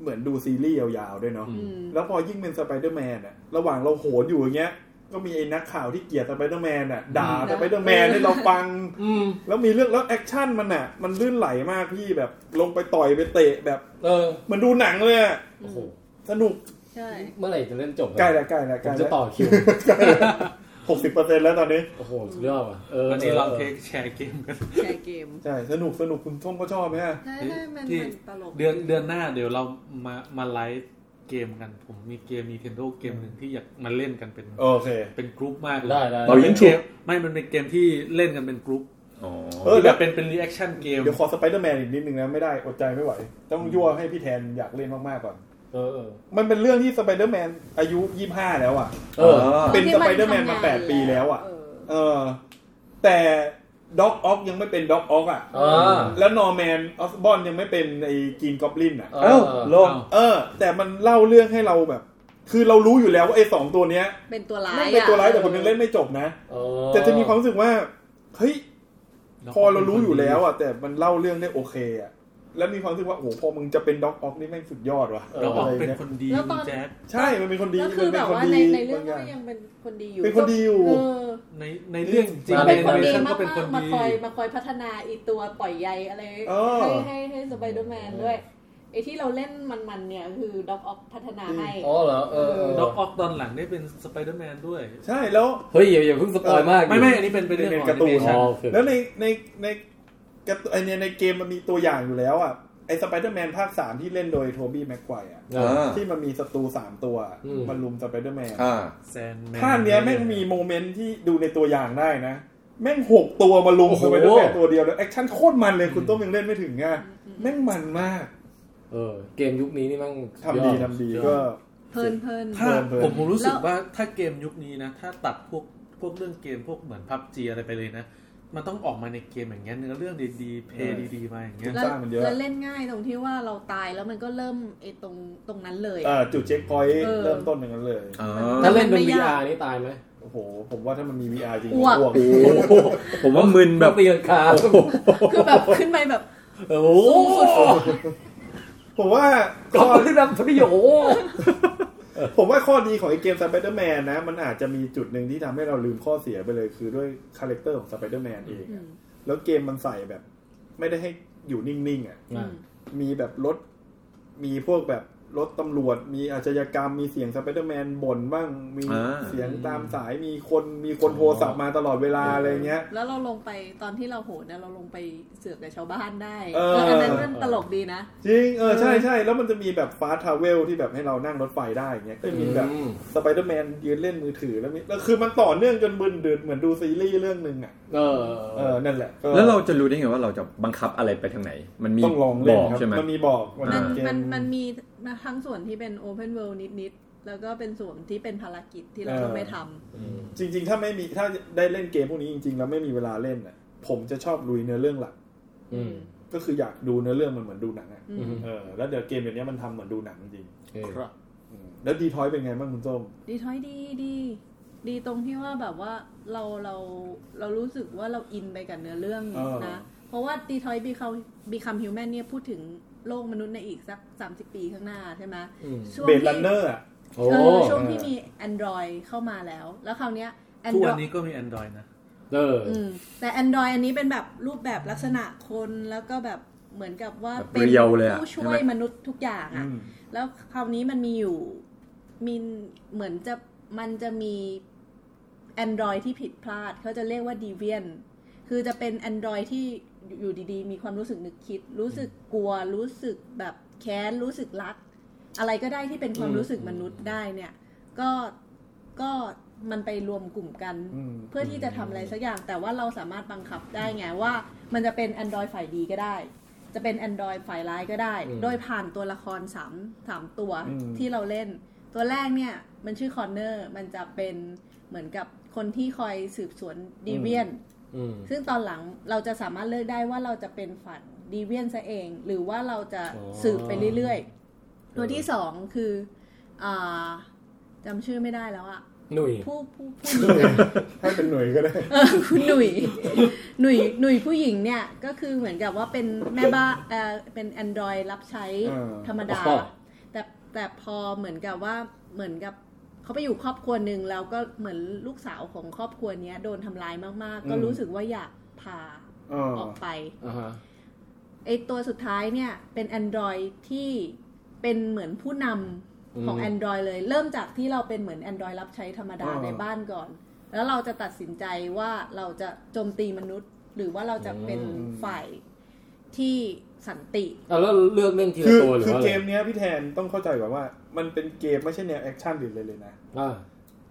Speaker 6: เหมือนดูซีรีส์ยาวๆด้วยเนาะ
Speaker 5: อืม
Speaker 6: แล้วพอยิ่งเป็นสไปเดอร์แมนอะระหว่างเราโหนอยู่อย่างเงี้ย ก็มีไอ้นักข่าวที่เกลียดสไปเดอร์แมนอะด่าสไปเดอร์แมนให้เราฟัง
Speaker 3: อืม
Speaker 6: แล้วมีเรื่องแล้วแอคชั่นมันอะมันลื่นไหลมากพี่แบบ ลงไปต่อยไปเตะแบบ
Speaker 3: เออ
Speaker 6: เหมือนดูหนังเลยอะ
Speaker 3: โอ้โห
Speaker 6: สนุก
Speaker 5: ใช่
Speaker 3: เมื่อไหร่จะเล่นจบ
Speaker 6: ใกล้ละใกล้ละ
Speaker 3: ผ
Speaker 6: ใกล้
Speaker 3: ม
Speaker 6: ละ
Speaker 3: จะต่อคิว
Speaker 6: หกสิบเปอร์เซ็นต์แล้วตอนนี้
Speaker 3: โอ้โหสุดยอดว่ะเออ
Speaker 2: วันนี้ลองเทคแชร์เกมกัน
Speaker 5: แชร์เกม
Speaker 6: ใช่ สนุกสนุกคุณส้มก็ชอบไหมฮะ
Speaker 5: ใช่
Speaker 2: ใช่มั
Speaker 5: มัน น
Speaker 2: ที่
Speaker 5: มันตลก
Speaker 2: เดือนเดือนหน้าเดี๋ยวเรามามาไลฟ์เกมกัน ผมมีเกม Nintendo เกมหนึ่งที่อยากมาเล่นกันเป็น
Speaker 6: โอเค
Speaker 2: เป็นกรุ๊ปมากเลย
Speaker 3: ได้ได้
Speaker 4: เรา
Speaker 2: มัน
Speaker 4: ยั
Speaker 2: เป็
Speaker 4: ง
Speaker 2: น
Speaker 4: ถู
Speaker 2: เก
Speaker 4: ก
Speaker 2: มไม่มันเป็นเกมที่เล่นกันเป็นกรุ๊ป
Speaker 4: อ๋อ
Speaker 6: เออ
Speaker 2: ที่
Speaker 6: เดี๋
Speaker 2: แบ
Speaker 6: ยว
Speaker 2: บเป็นเป็นรีแอคชั่นเกม
Speaker 6: เดี๋ยวขอสไปเดอร์แมนอีกนิดนึงนะ ไม่ได้อดใจไม่ไหว ต้องยั่วให้พี่แทนอยากเล่นมาก ๆ ก่อน
Speaker 3: เออเออ
Speaker 6: มันเป็นเรื่องที่สไปเดอร์แมนอายุ 25 แล้วอ่ะ
Speaker 3: เออ
Speaker 6: เป็น
Speaker 5: ที่
Speaker 6: สไปเดอร์แมนมา
Speaker 5: ทำง
Speaker 6: แปดปีแล้วอ่ะ
Speaker 5: เ
Speaker 6: เออ แต่ด็อกออกยังไม่เป็นด็อกออกอ่ะ
Speaker 3: อ่า
Speaker 6: แล้วนอร์แมนออสบอนยังไม่เป็นไอ้กรีนกอบลินอ่ะ
Speaker 3: เออ
Speaker 4: โลก
Speaker 6: เออ แต่มันเล่าเรื่องให้เราแบบ คือเรารู้อยู่แล้วว่าไอ้สองตัวเนี้ย
Speaker 5: เป็นตัวร้าย
Speaker 6: แม่งเป็นตัวร้ายแต่ผมยัง
Speaker 5: เล่น
Speaker 6: เล่นไม่จบนะ
Speaker 3: เออ
Speaker 6: แต่จะมีความรู้สึกว่า เฮ้ย พอเรารู้อยู่แล้วอ่ะ แต่มันเล่าเรื่องได้โอเคอ่ะ แล้วมีความรู้สึกว่าโอ้โหพอมึงจะเป็นด็อกออกนี่แม่งสุดยอดว่ะ
Speaker 2: เราออกเป็น
Speaker 6: อะไรงี้ย
Speaker 2: คนดีคุณแจ๊ด
Speaker 6: ใช่ มันเป็นคนดี
Speaker 5: แล้ว
Speaker 6: มั
Speaker 5: คือน
Speaker 6: เป็
Speaker 5: แบ
Speaker 6: น
Speaker 5: บ
Speaker 6: คน
Speaker 5: ว่า
Speaker 6: ดี
Speaker 5: ในในเรื่องก็
Speaker 6: บาย่า
Speaker 5: ยังเป็นคนดีอยู่
Speaker 6: เป็นคนดีอยู่
Speaker 5: เ
Speaker 2: ในในเรื่องจริง
Speaker 3: มา
Speaker 2: ใน
Speaker 3: เป็น
Speaker 2: แอ
Speaker 3: คน
Speaker 2: นิเม
Speaker 3: ดี
Speaker 5: ดี
Speaker 2: ชั่น
Speaker 5: มา
Speaker 2: ก็เป็นคน
Speaker 5: กๆมา
Speaker 2: ดี
Speaker 5: คอยมาคอยพัฒนาไอีตัวปล่อยใยอะไร
Speaker 6: เออ
Speaker 5: ให้ให้ให้สไปเดอร์แมนด้วยไอที่เราเล่นมันๆเนี่ยคือด็อกออฟพัฒนาให้
Speaker 3: อ๋อเหรอเออเออ
Speaker 2: ด็อกออกตอนหลังได้เป็นสไปเดอร์แมนด้วย
Speaker 6: ใช่แล้ว
Speaker 3: เฮ้ยอย่าอย่าเพิ่งสปอยมาก
Speaker 2: ไม่ไม่อันนี้เป็นเป็นเรื่องของ
Speaker 6: เป็นการ์ตูน
Speaker 2: แอเมชั่
Speaker 3: อ๋อโอเค
Speaker 6: แล้วในในในการ์ตูนไอเนี่ยในเกมมันมีตัวอย่างอยู่แล้วอ่ะไอสไปเดอร์แมนภาคสามที่เล่นโดยโทบี้แม็กไกวร์อ่ะ
Speaker 3: เออ
Speaker 6: ที่มันมีศัตรูสามตัว
Speaker 3: อืม
Speaker 6: มันลุมสไปเดอร์แมน
Speaker 4: อ่า
Speaker 2: แซนแมน
Speaker 6: ภาคเนี้ยแม่งมีโมเมนต์ที่ดูในตัวอย่างได้นะ แม่งหกตัวมาลุมสไปเดอร์แมนตัวเดียวเลยแอคชั่นโคตรมันเลยคุณต้มยังเล่นไม่ถึงอ่ะแม่งมันมาก
Speaker 3: เออ เกมยุคนี้นี่มั่ง
Speaker 6: ทำดี
Speaker 3: สุยอ
Speaker 6: ทำดีก็
Speaker 5: เพลินเพลิน
Speaker 2: ถ้า
Speaker 6: เพิ่ม
Speaker 2: ผมผมรู้สึก
Speaker 5: แล้ว
Speaker 2: ว่าถ้าเกมยุคนี้นะ ถ้าตัดพวกพวกเรื่องเกมพวกเหมือนพับจีอะไรไปเลยนะ มันต้องออกมาในเกมอย่างเงี้ยเนื้อเรื่องดีๆ เพลย์ดีๆมาอย่างเงี้ย
Speaker 5: แล้ว
Speaker 6: สร้างมันเยอะ
Speaker 5: แล้วเล่นง่ายตรงที่ว่าเราตายแล้วมันก็เริ่มไอตรงตรงนั้นเลย
Speaker 6: เอ่อจุดเช็คพอยต์
Speaker 5: เออ
Speaker 6: เริ่มต้นอย่างนั้นเลย
Speaker 4: อ๋อ
Speaker 3: ถ้าเล่นเป็น
Speaker 5: มันไม่ยาก
Speaker 3: VR นี่ตายไหม
Speaker 6: โอ้โหผมว่าถ้ามันมี VR จริง
Speaker 5: อ้วก
Speaker 6: อ้วก
Speaker 4: ผมว่ามึนแบบ
Speaker 3: เปลี่ยนคา
Speaker 5: คือแบบขึ้นไปแบบ
Speaker 3: โอ้โห
Speaker 6: ผมว่า
Speaker 3: ข
Speaker 6: ข้
Speaker 3: อบ
Speaker 6: อ
Speaker 3: คุณที่นำพระโย
Speaker 6: ผมว่าข้อดีของไอเกมสไปเดอร์แมนนะ มันอาจจะมีจุดหนึ่งที่ทำให้เราลืมข้อเสียไปเลย คือด้วยคาแรคเตอร์ของสไปเดอร์แมนเองอะแล้วเกมมันใส่แบบ ไม่ได้ให้อยู่นิ่งๆอ่ะ
Speaker 5: อืม
Speaker 6: มีแบบรถ มีพวกแบบรถตำรวจ มีอาชญากรรม มีเสียงสไปเดอร์แมนบ่นบ้าง มี
Speaker 4: อ่า
Speaker 6: เสียงตามสาย มีคน มีคนโทรศัพท์มาตลอดเวลาอะไรเงี้ย
Speaker 5: แล้วเราลงไปตอนที่เราโหนนะเราลงไปเสือกกับชาวบ้านได้
Speaker 6: เออ
Speaker 5: เอออันนั้นมันตลกดีนะ
Speaker 6: จริง เออ ใช่ใช่แล้วมันจะมีแบบฟาสทาวเวลที่แบบให้เรานั่งรถไฟได้เงี้ย ก็มีแบบสไปเดอร์แมนยืนเล่นมือถือแล้วมีแล้วคือมันต่อเนื่องจนมึนเดือดเหมือนดูซีรีส์เรื่องหนึ่งอ่ะ
Speaker 3: เออ
Speaker 6: เออ นั่นแหละก็
Speaker 4: แล้วเราจะรู้ได้ไงว่าเราจะบังคับอะไรไปทางไหน มันมี
Speaker 6: ต้องลอง
Speaker 4: บ
Speaker 6: เล่น
Speaker 4: อก
Speaker 6: ครับ
Speaker 4: ใช่ไหม
Speaker 6: มันมีบอกว่า
Speaker 4: อ่า
Speaker 5: มัน
Speaker 6: เก
Speaker 5: มันมัน
Speaker 6: ม
Speaker 5: มีทั้งส่วนที่เป็น Open World นิด ๆ แล้วก็เป็นส่วนที่เป็นภารกิจที่เรา
Speaker 6: เออ
Speaker 5: ต้องไปท
Speaker 6: จริง ๆ ถ้าไม่มีถ้าได้เล่นเกมพวกนี้จริง ๆ แล้วไม่มีเวลาเล่นอ่ะ ผมจะชอบลุยเนื้อเรื่องหลัก
Speaker 5: ำ
Speaker 3: อืม
Speaker 6: ก็คืออยากดูเนื้อเรื่องมันเหมือนดูหนังอะ
Speaker 5: อืม
Speaker 6: เออ แล้วเดี๋ยวเกมเดี๋ยวนี้มันทำเหมือนดูหนังจริง
Speaker 3: เออ
Speaker 6: ๆอืมแล้วดีทอยเป็นไงบ้างคุณส้ม
Speaker 5: ดีท้อยดีดีดีตรงที่ว่าแบบว่าเราเราเรารู้สึกว่าเราอินไปกับเนื้อเรื่อง
Speaker 6: เออ
Speaker 5: นะ เพราะว่าดีทอยบีคัมบีคัมฮิวแมนเนี่ยพูดถึงโลกมนุษย์ในอีกสัก 30 ปีข้างหน้าใช่ไหมช่วง
Speaker 6: เบด
Speaker 5: ที่
Speaker 6: ลันเนอร์อ่ะ
Speaker 9: โอ้
Speaker 5: เออช่วงที่มี Android เข้ามาแล้ว แล้วคราวเนี้ย
Speaker 2: ทุกวัน
Speaker 5: Android
Speaker 2: นี้ก็มี Android นะ
Speaker 9: เออ
Speaker 5: อืมแต่ Android อันนี้เป็นแบบรูปแบบลักษณะคนแล้วก็แบบเหมือนกับว่า
Speaker 4: แบบเรียวเลยอะ
Speaker 5: ผู้
Speaker 4: ใช่
Speaker 5: ช่ว
Speaker 4: ไหม
Speaker 5: ยมนุษย์ทุกอย่างอะ แล้วคราวนี้มันมีอยู่มีเหมือนจะมันจะมี Android ที่ผิดพลาด เขาจะเรียกว่า Deviant คือจะเป็น Android ที่อยู่ดีๆ มีความรู้สึกนึกคิด รู้สึกกลัว รู้สึกแบบแค้น รู้สึกรัก อะไรก็ได้ที่เป็นความ
Speaker 3: อืม
Speaker 5: รู้สึกมนุษย์ได้เนี่ย ก็ก็มันไปรวมกลุ่มกัน
Speaker 6: อืม
Speaker 5: เพื่อที่จะทำอะไรสักอย่าง แต่ว่าเราสามารถบังคับได้ไงว่า มันจะเป็น Android ฝ่ายดีก็ได้ จะเป็น Android ฝ่ายร้ายก็ได้
Speaker 3: อืม
Speaker 5: โดยผ่านตัวละครสามสามตัว
Speaker 6: อืม
Speaker 5: ที่เราเล่น ตัวแรกเนี่ยมันชื่อคอนเนอร์มันจะเป็นเหมือนกับคนที่คอยสืบสวนดีเวียน
Speaker 3: อืม
Speaker 5: ซึ่งตอนหลังเราจะสามารถเลือกได้ว่าเราจะเป็นฝันดีเวียนซะเอง หรือว่าเราจะ
Speaker 3: อ๋อ
Speaker 5: สืบไปเรื่อยๆ ตัวที่สองคืออ่าจำชื่อไม่ได้แล้วอะ
Speaker 3: หนุ่ย
Speaker 5: ผู้ผู้ผู้หญิงอะ
Speaker 6: ให้เป็นหน่วยก็ได้
Speaker 5: เออคุณหนุ่ยหนุ่ยหนุ่ยผู้หญิงเนี่ยก็คือเหมือนกับว่าเป็นแม่บ้านเออเป็น Android รับใช้ธรรมดา
Speaker 3: อ๋อ
Speaker 5: แต่แต่พอเหมือนกับว่าเหมือนกับเขาไปอยู่ครอบครัวหนึ่งแล้วก็เหมือนลูกสาวของครอบครัวเนี้ยโดนทำร้ายมากๆ ก็รู้สึกว่าอยากพา
Speaker 6: เออ
Speaker 5: ออกไป
Speaker 3: อ่าฮะ
Speaker 5: ไอตัวสุดท้ายเนี่ยเป็น Android ที่เป็นเหมือนผู้นำของ Android เลย เริ่มจากที่เราเป็นเหมือน Android รับใช้ธรรมดาในบ้านก่อน แล้วเราจะตัดสินใจว่าเราจะโจมตีมนุษย์ หรือว่าเราจะเป็นฝ่ายที่สันติ
Speaker 3: อ่ะแล้วเลือกเรื่องทีละ
Speaker 6: คือ
Speaker 3: ตัวหรือ
Speaker 6: คือ
Speaker 3: ว่าอะ
Speaker 6: เก
Speaker 3: ไร
Speaker 6: มเนี้ยพี่แทนต้องเข้าใจก่อนว่า มันเป็นเกมไม่ใช่แนวแอคชั่นหรือเลยเลยนะ
Speaker 3: อ่า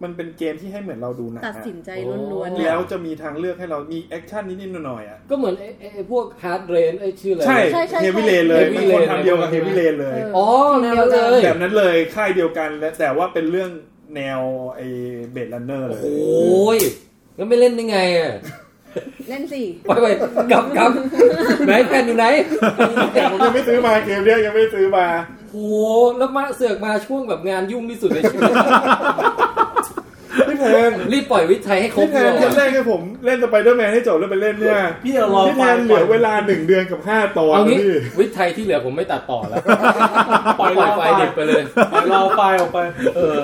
Speaker 6: มันเป็นเกมที่ให้เหมือนเราดูหนัง
Speaker 5: ตัด
Speaker 6: อะ
Speaker 5: สินใจล้วน
Speaker 3: โอ้
Speaker 5: ๆ
Speaker 6: แล้วจะมีทางเลือกให้เรามีแอคชั่นนิดๆหน่อยๆอ่ะ
Speaker 3: ก็เหมือนไอ้ไอ้ไอ้พวกฮาร์ดเรนไอ้ชื่ออะไร
Speaker 6: ใช่เฮฟวิเลนเลย
Speaker 3: Heavy
Speaker 6: มันคน
Speaker 3: Rain
Speaker 6: ทำเดียวกับเฮฟวิเลนเล
Speaker 5: เอย อ
Speaker 3: อ๋อแนวเลย
Speaker 6: แบบนั้นเลยค่ายเดียวกันและแต่ว่าเป็นเรื่องแนวไอ้เบดลันเนอร์เลย
Speaker 3: โอ้ยแล้วไม่เล่นได้ไงอ่ะ
Speaker 5: เล่นสิ
Speaker 3: ไปไปกลับกลับไหนแผ่นอยู่ไหน
Speaker 6: แต่ผมยังไม่ซื้อมาเกมเนี้ยยังไม่ได้ซื้อมา
Speaker 3: โอ้โหแล้วมาเสือกมาช่วงแบบงานยุ่งที่สุดในชี วิต
Speaker 6: พี่แพน
Speaker 3: รีบปล่อยวิทย์ไทยให้ครบ
Speaker 6: พี่แพ
Speaker 3: ก่อ
Speaker 6: น
Speaker 3: น
Speaker 6: เรื่องแรกให้ผมเล่นสไปเดอร์แมนให้จบแล้วไปเล่นเนี่ย
Speaker 10: พี่เรารอ
Speaker 6: พี่แพ
Speaker 10: ฟัง
Speaker 6: นเหลือเวลาหนึ่งเดือนกับห้าตอน
Speaker 3: เอา
Speaker 6: นะ
Speaker 3: งี้
Speaker 6: พี่
Speaker 3: วิทย์ไทยที่เหลือผมไม่ตัดต่อแล้ว
Speaker 10: ป
Speaker 3: ป
Speaker 10: ล่
Speaker 3: ล่
Speaker 10: อย
Speaker 3: อย
Speaker 10: รอ
Speaker 3: ไฟ
Speaker 10: ไฟ
Speaker 3: เด็กไปเลย
Speaker 10: ปล่อยรอไฟออกไป เออ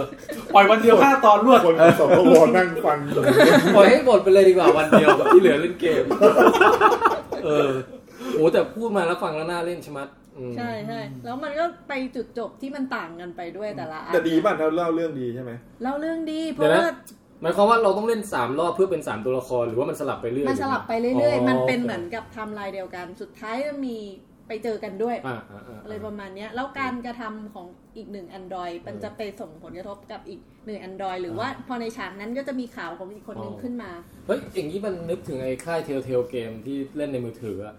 Speaker 10: ปล่อยวันเดียวห้าตอนรวด
Speaker 6: คนสองวนั่งฟังอยู่
Speaker 3: ปล่อยให้หมดไปเลยดีกว่าวันเดียวที่เหลือเล่นเกม เออโอ้แต่พูดมาแล้วฟังแล้วน่าเล่นใช่ไหมยอืม
Speaker 5: ใช่ใช่แล้วมันก็ไปจุดจบที่มันต่างกันไปด้วยแต่ละอัน
Speaker 6: แต่ดีป่ะเราเล่าเรื่องดีใช่ไหม
Speaker 5: เล่าเรื่องดีเพราะว่า
Speaker 3: หมายความว่าเราต้องเล่นสามรอบเพื่อเป็นสามตัวละครหรือว่ามันสลับไปเรื่อย
Speaker 5: มันสลับไปเรื่อยๆ มันเป็นเหมือน
Speaker 3: โ
Speaker 5: กับไทำลายเดียวกัน สุดท้ายจะมีไปเจอกันด้วย
Speaker 3: คอ่าอ่าอ่า
Speaker 5: อะไรประมาณเนี้ย แล้วการกระทำของอีกหนึ่ง Android มันจะไปส่งผลกระทบกับอีกหนึ่ง Android หรือว่าพอในฉากนั้นก็จะมีข่าวของอีกคนนึงขึ้นมา
Speaker 3: เฮ้ยอย่างนี้มันนึกถึงไอ้ค่ายเทลเทลเกมที่เล่นในมือถืออะ